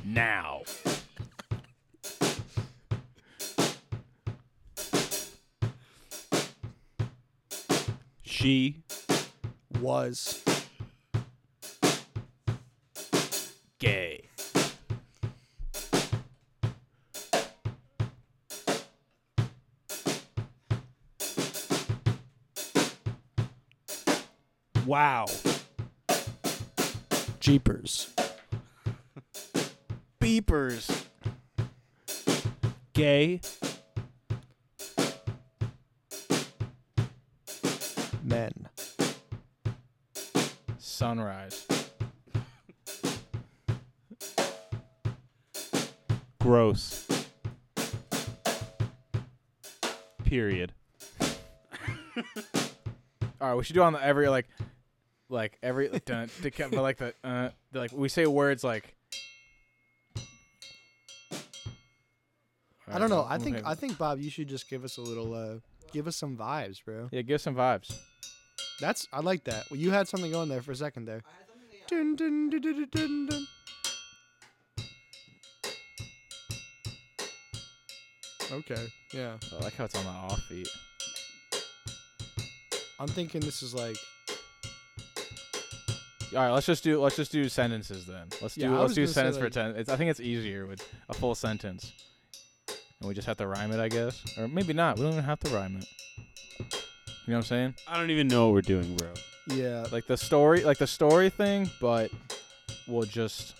[SPEAKER 4] now
[SPEAKER 3] she
[SPEAKER 2] Was.
[SPEAKER 4] gay
[SPEAKER 3] wow
[SPEAKER 2] Jeepers.
[SPEAKER 4] beepers
[SPEAKER 3] gay.
[SPEAKER 2] Men.
[SPEAKER 4] Sunrise.
[SPEAKER 3] Gross. Period.
[SPEAKER 4] All right, we should do on the every like, like every dun, to, but like the uh, the, like we say words like.
[SPEAKER 2] I don't know. I think I think Bob, you should just give us a little, uh, give us some vibes, bro.
[SPEAKER 4] Yeah, give some vibes.
[SPEAKER 2] That's I like that. Well, you had something going there for a second there. Dun, dun, dun, dun, dun, dun. Okay. Yeah.
[SPEAKER 4] I like how it's on the off beat.
[SPEAKER 2] I'm thinking this is like.
[SPEAKER 4] All right, let's just do let's just do sentences then. Let's do
[SPEAKER 2] Yeah, I
[SPEAKER 4] let's
[SPEAKER 2] was
[SPEAKER 4] do
[SPEAKER 2] gonna say,
[SPEAKER 4] sentence for
[SPEAKER 2] like-
[SPEAKER 4] ten. It's, I think it's easier with a full sentence, and we just have to rhyme it, I guess, or maybe not. We don't even have to rhyme it. You know what I'm saying?
[SPEAKER 3] I don't even know what we're doing, bro.
[SPEAKER 2] Yeah.
[SPEAKER 4] Like the story, like the story thing, but we'll just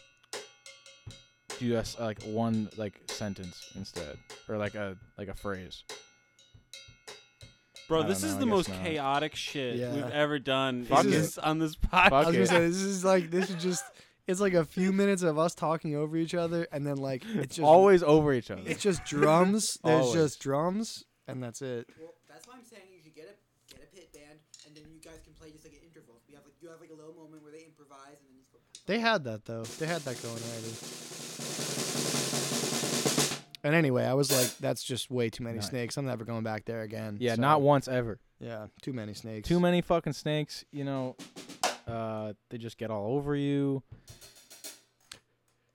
[SPEAKER 4] do us like one like sentence instead, or like a like a phrase. I
[SPEAKER 3] Bro,
[SPEAKER 4] don't
[SPEAKER 3] this is
[SPEAKER 4] know, I
[SPEAKER 3] the
[SPEAKER 4] guess
[SPEAKER 3] most
[SPEAKER 4] not.
[SPEAKER 3] chaotic shit we've
[SPEAKER 2] Yeah.
[SPEAKER 3] ever done
[SPEAKER 4] Fuck
[SPEAKER 3] in
[SPEAKER 4] it.
[SPEAKER 3] this, on this
[SPEAKER 2] I
[SPEAKER 3] podcast.
[SPEAKER 2] was
[SPEAKER 4] Okay.
[SPEAKER 2] gonna say this is like this is just it's like a few minutes of us talking over each other and then like it's just
[SPEAKER 4] Always over each other.
[SPEAKER 2] it's just drums. There's
[SPEAKER 4] Always.
[SPEAKER 2] just drums and that's it.
[SPEAKER 19] Well, that's why I'm saying you should get a get a pit band, and then you guys can play just like at intervals. You have like you have like a little moment where they improvise, and then you. Just go,
[SPEAKER 2] They had that though. They had that going already. And anyway, I was like, that's just way too many
[SPEAKER 4] Nice.
[SPEAKER 2] snakes. I'm never going back there again.
[SPEAKER 4] Yeah,
[SPEAKER 2] So,
[SPEAKER 4] not once ever.
[SPEAKER 2] Yeah, too many snakes.
[SPEAKER 4] Too many fucking snakes. You know, uh, they just get all over you.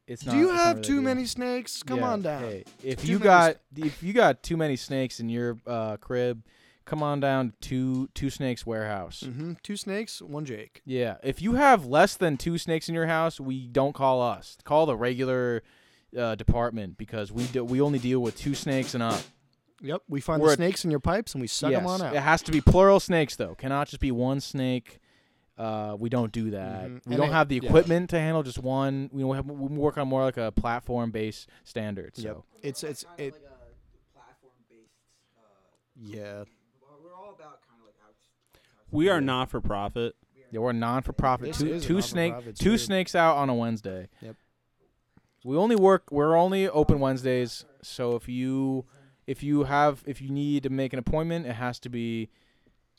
[SPEAKER 4] It's not.
[SPEAKER 2] Do you
[SPEAKER 4] it's not
[SPEAKER 2] have
[SPEAKER 4] really
[SPEAKER 2] too
[SPEAKER 4] good.
[SPEAKER 2] many snakes? Come
[SPEAKER 4] Yeah,
[SPEAKER 2] on down.
[SPEAKER 4] hey, if
[SPEAKER 2] Too
[SPEAKER 4] you
[SPEAKER 2] many
[SPEAKER 4] got if you got too many snakes in your uh, crib, come on down to Two Snakes Warehouse.
[SPEAKER 2] hmm Two snakes, one Jake.
[SPEAKER 4] Yeah, if you have less than two snakes in your house, we don't call us. Call the regular uh, department because we do, we only deal with two snakes and up.
[SPEAKER 2] Yep, we find
[SPEAKER 4] We're-
[SPEAKER 2] the snakes in your pipes and we suck them
[SPEAKER 4] Yes,
[SPEAKER 2] on out.
[SPEAKER 4] It has to be plural snakes though. Cannot just be one snake. Uh, we don't do that.
[SPEAKER 2] Mhm.
[SPEAKER 4] We
[SPEAKER 2] And
[SPEAKER 4] don't
[SPEAKER 2] it-
[SPEAKER 4] have the
[SPEAKER 2] yeah.
[SPEAKER 4] equipment to handle just one. We have, we work on more like a platform based standard. So.
[SPEAKER 2] Yep. It's it's it.
[SPEAKER 19] like a platform based. Uh,
[SPEAKER 2] Yeah.
[SPEAKER 19] we're all about kind of like outs.
[SPEAKER 3] we are not for profit.
[SPEAKER 4] Yeah, we're non for profit.
[SPEAKER 2] This
[SPEAKER 4] Two,
[SPEAKER 2] is a
[SPEAKER 4] two snake,
[SPEAKER 2] not-for-profit,
[SPEAKER 4] two
[SPEAKER 2] dude.
[SPEAKER 4] snakes out on a Wednesday.
[SPEAKER 2] Yep.
[SPEAKER 4] We only work. We're only open Wednesdays. So if you, if you have, if you need to make an appointment, it has to be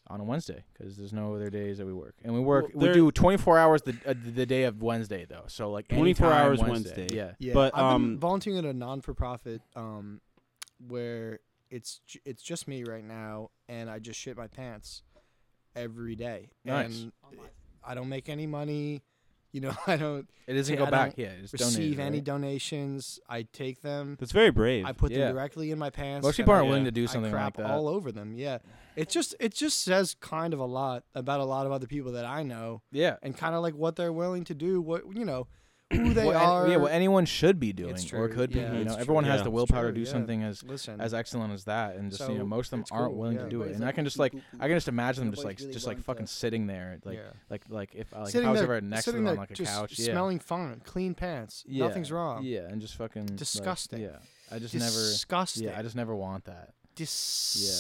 [SPEAKER 4] on a Wednesday because there's no other days that we work. And we work.
[SPEAKER 3] Well,
[SPEAKER 4] we
[SPEAKER 3] there-
[SPEAKER 4] do 24 hours the uh, the day of Wednesday though. So like
[SPEAKER 3] 24
[SPEAKER 4] anytime
[SPEAKER 3] hours Wednesday.
[SPEAKER 4] Yeah.
[SPEAKER 2] Yeah,
[SPEAKER 3] But,
[SPEAKER 2] I've been
[SPEAKER 3] um,
[SPEAKER 2] volunteering at a non for profit um, where it's j- it's just me right now, and I just shit my pants every day.
[SPEAKER 4] Nice.
[SPEAKER 2] And I don't make any money. You know, I don't
[SPEAKER 4] It doesn't
[SPEAKER 2] Yeah,
[SPEAKER 4] go
[SPEAKER 2] I
[SPEAKER 4] back.
[SPEAKER 2] don't
[SPEAKER 4] Yeah. It's
[SPEAKER 2] receive
[SPEAKER 4] donated.
[SPEAKER 2] any
[SPEAKER 4] right?
[SPEAKER 2] donations. I take them.
[SPEAKER 3] That's very brave.
[SPEAKER 2] I put
[SPEAKER 4] Yeah.
[SPEAKER 2] them directly in my pants.
[SPEAKER 4] Most
[SPEAKER 2] and
[SPEAKER 4] people
[SPEAKER 2] I- uh,
[SPEAKER 4] aren't willing
[SPEAKER 3] Yeah.
[SPEAKER 4] to do
[SPEAKER 2] I
[SPEAKER 4] something like
[SPEAKER 2] crap
[SPEAKER 4] that.
[SPEAKER 2] all over them. Yeah, it just it just says kind of a lot about a lot of other people that I know,
[SPEAKER 4] yeah.
[SPEAKER 2] and kind of like what they're willing to do. What you know, who they
[SPEAKER 4] What any-
[SPEAKER 2] are.
[SPEAKER 4] yeah. What anyone should be doing
[SPEAKER 2] It's
[SPEAKER 4] or
[SPEAKER 2] true.
[SPEAKER 4] could be.
[SPEAKER 2] Yeah,
[SPEAKER 4] you
[SPEAKER 2] it's
[SPEAKER 4] know,
[SPEAKER 2] true.
[SPEAKER 4] everyone has
[SPEAKER 3] Yeah.
[SPEAKER 4] the
[SPEAKER 2] It's
[SPEAKER 4] willpower to
[SPEAKER 2] true,
[SPEAKER 4] do
[SPEAKER 2] yeah.
[SPEAKER 4] something as
[SPEAKER 2] Listen,
[SPEAKER 4] as excellent as that, and just you know
[SPEAKER 2] So,
[SPEAKER 4] most of them
[SPEAKER 2] it's
[SPEAKER 4] aren't
[SPEAKER 2] cool,
[SPEAKER 4] willing
[SPEAKER 2] yeah.
[SPEAKER 4] to do
[SPEAKER 2] But
[SPEAKER 4] it.
[SPEAKER 19] it's
[SPEAKER 4] And I
[SPEAKER 19] like
[SPEAKER 4] can just like
[SPEAKER 19] ooh, ooh,
[SPEAKER 4] I can just
[SPEAKER 19] ooh.
[SPEAKER 4] imagine them just like
[SPEAKER 19] Nobody's
[SPEAKER 4] s-
[SPEAKER 19] really
[SPEAKER 4] just like
[SPEAKER 19] willing
[SPEAKER 4] fucking
[SPEAKER 19] to-
[SPEAKER 4] sitting there, like
[SPEAKER 2] Yeah.
[SPEAKER 4] like like if, like if
[SPEAKER 2] sitting
[SPEAKER 4] I was
[SPEAKER 2] there,
[SPEAKER 4] ever next to
[SPEAKER 2] sitting
[SPEAKER 4] them on
[SPEAKER 2] there
[SPEAKER 4] like a
[SPEAKER 2] just
[SPEAKER 4] couch, yeah,
[SPEAKER 2] smelling fine, clean pants,
[SPEAKER 4] yeah,
[SPEAKER 2] nothing's wrong.
[SPEAKER 4] yeah, and just fucking like,
[SPEAKER 2] Disgusting.
[SPEAKER 4] yeah, I just
[SPEAKER 2] disgusting.
[SPEAKER 4] never, yeah, I just never want that.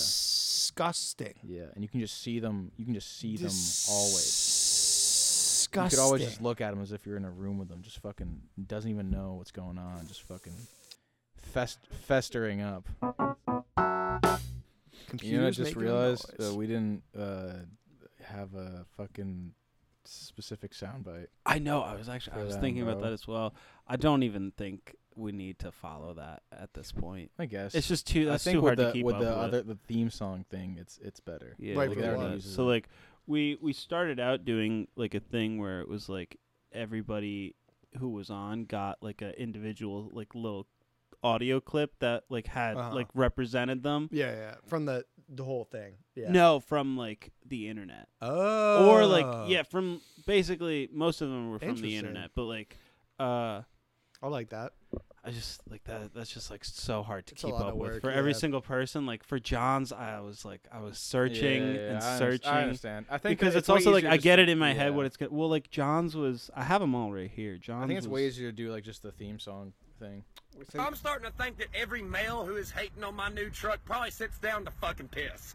[SPEAKER 2] disgusting.
[SPEAKER 4] Yeah, and you can just see them, you can just see them always.
[SPEAKER 2] Disgusting.
[SPEAKER 4] You could always just look at them as if you're in a room with them, just fucking doesn't even know what's going on, just fucking fest festering up. You know, I
[SPEAKER 2] Computers
[SPEAKER 4] just
[SPEAKER 2] making a
[SPEAKER 4] realized
[SPEAKER 2] noise.
[SPEAKER 4] that we didn't uh, have a fucking specific soundbite.
[SPEAKER 3] I know. I was actually. I
[SPEAKER 4] For
[SPEAKER 3] was
[SPEAKER 4] them,
[SPEAKER 3] thinking about
[SPEAKER 4] bro.
[SPEAKER 3] that as well. I don't even think we need to follow that at this point.
[SPEAKER 4] I guess
[SPEAKER 3] It's just too.
[SPEAKER 4] I
[SPEAKER 3] That's
[SPEAKER 4] think
[SPEAKER 3] too
[SPEAKER 4] with
[SPEAKER 3] hard
[SPEAKER 4] the
[SPEAKER 3] to keep
[SPEAKER 4] with
[SPEAKER 3] up
[SPEAKER 4] the
[SPEAKER 3] with.
[SPEAKER 4] other the theme song thing, it's it's better.
[SPEAKER 3] yeah,
[SPEAKER 2] Right,
[SPEAKER 3] like
[SPEAKER 2] for
[SPEAKER 3] that.
[SPEAKER 2] what?
[SPEAKER 4] uses
[SPEAKER 3] So
[SPEAKER 4] it.
[SPEAKER 3] like we we started out doing like a thing where it was like everybody who was on got like a individual like little audio clip that like had
[SPEAKER 2] Uh-huh.
[SPEAKER 3] like represented them.
[SPEAKER 2] yeah, yeah, from the the whole thing. Yeah.
[SPEAKER 3] No, from like the internet.
[SPEAKER 2] Oh.
[SPEAKER 3] or like yeah from basically most of them were from the
[SPEAKER 2] Interesting.
[SPEAKER 3] internet but like uh
[SPEAKER 8] Oh,
[SPEAKER 2] I like that.
[SPEAKER 3] i just like that that's just like so hard to
[SPEAKER 2] It's a
[SPEAKER 3] keep
[SPEAKER 2] lot
[SPEAKER 3] up
[SPEAKER 2] of
[SPEAKER 3] with
[SPEAKER 2] work,
[SPEAKER 3] for every
[SPEAKER 2] yeah.
[SPEAKER 3] single person like for john's i was like i was searching
[SPEAKER 4] Yeah, yeah,
[SPEAKER 3] and
[SPEAKER 4] I underst-
[SPEAKER 3] searching
[SPEAKER 4] I understand. I think
[SPEAKER 3] because
[SPEAKER 4] that
[SPEAKER 3] it's, also
[SPEAKER 4] way
[SPEAKER 3] like
[SPEAKER 4] easier
[SPEAKER 3] i
[SPEAKER 4] just-
[SPEAKER 3] get it in my head
[SPEAKER 4] yeah.
[SPEAKER 3] what it's good well like john's was i have them all right here john's
[SPEAKER 4] I think it's
[SPEAKER 3] was,
[SPEAKER 4] way easier to do like just the theme song thing.
[SPEAKER 21] I'm starting to think that every male who is hating on my new truck probably sits down to fucking piss.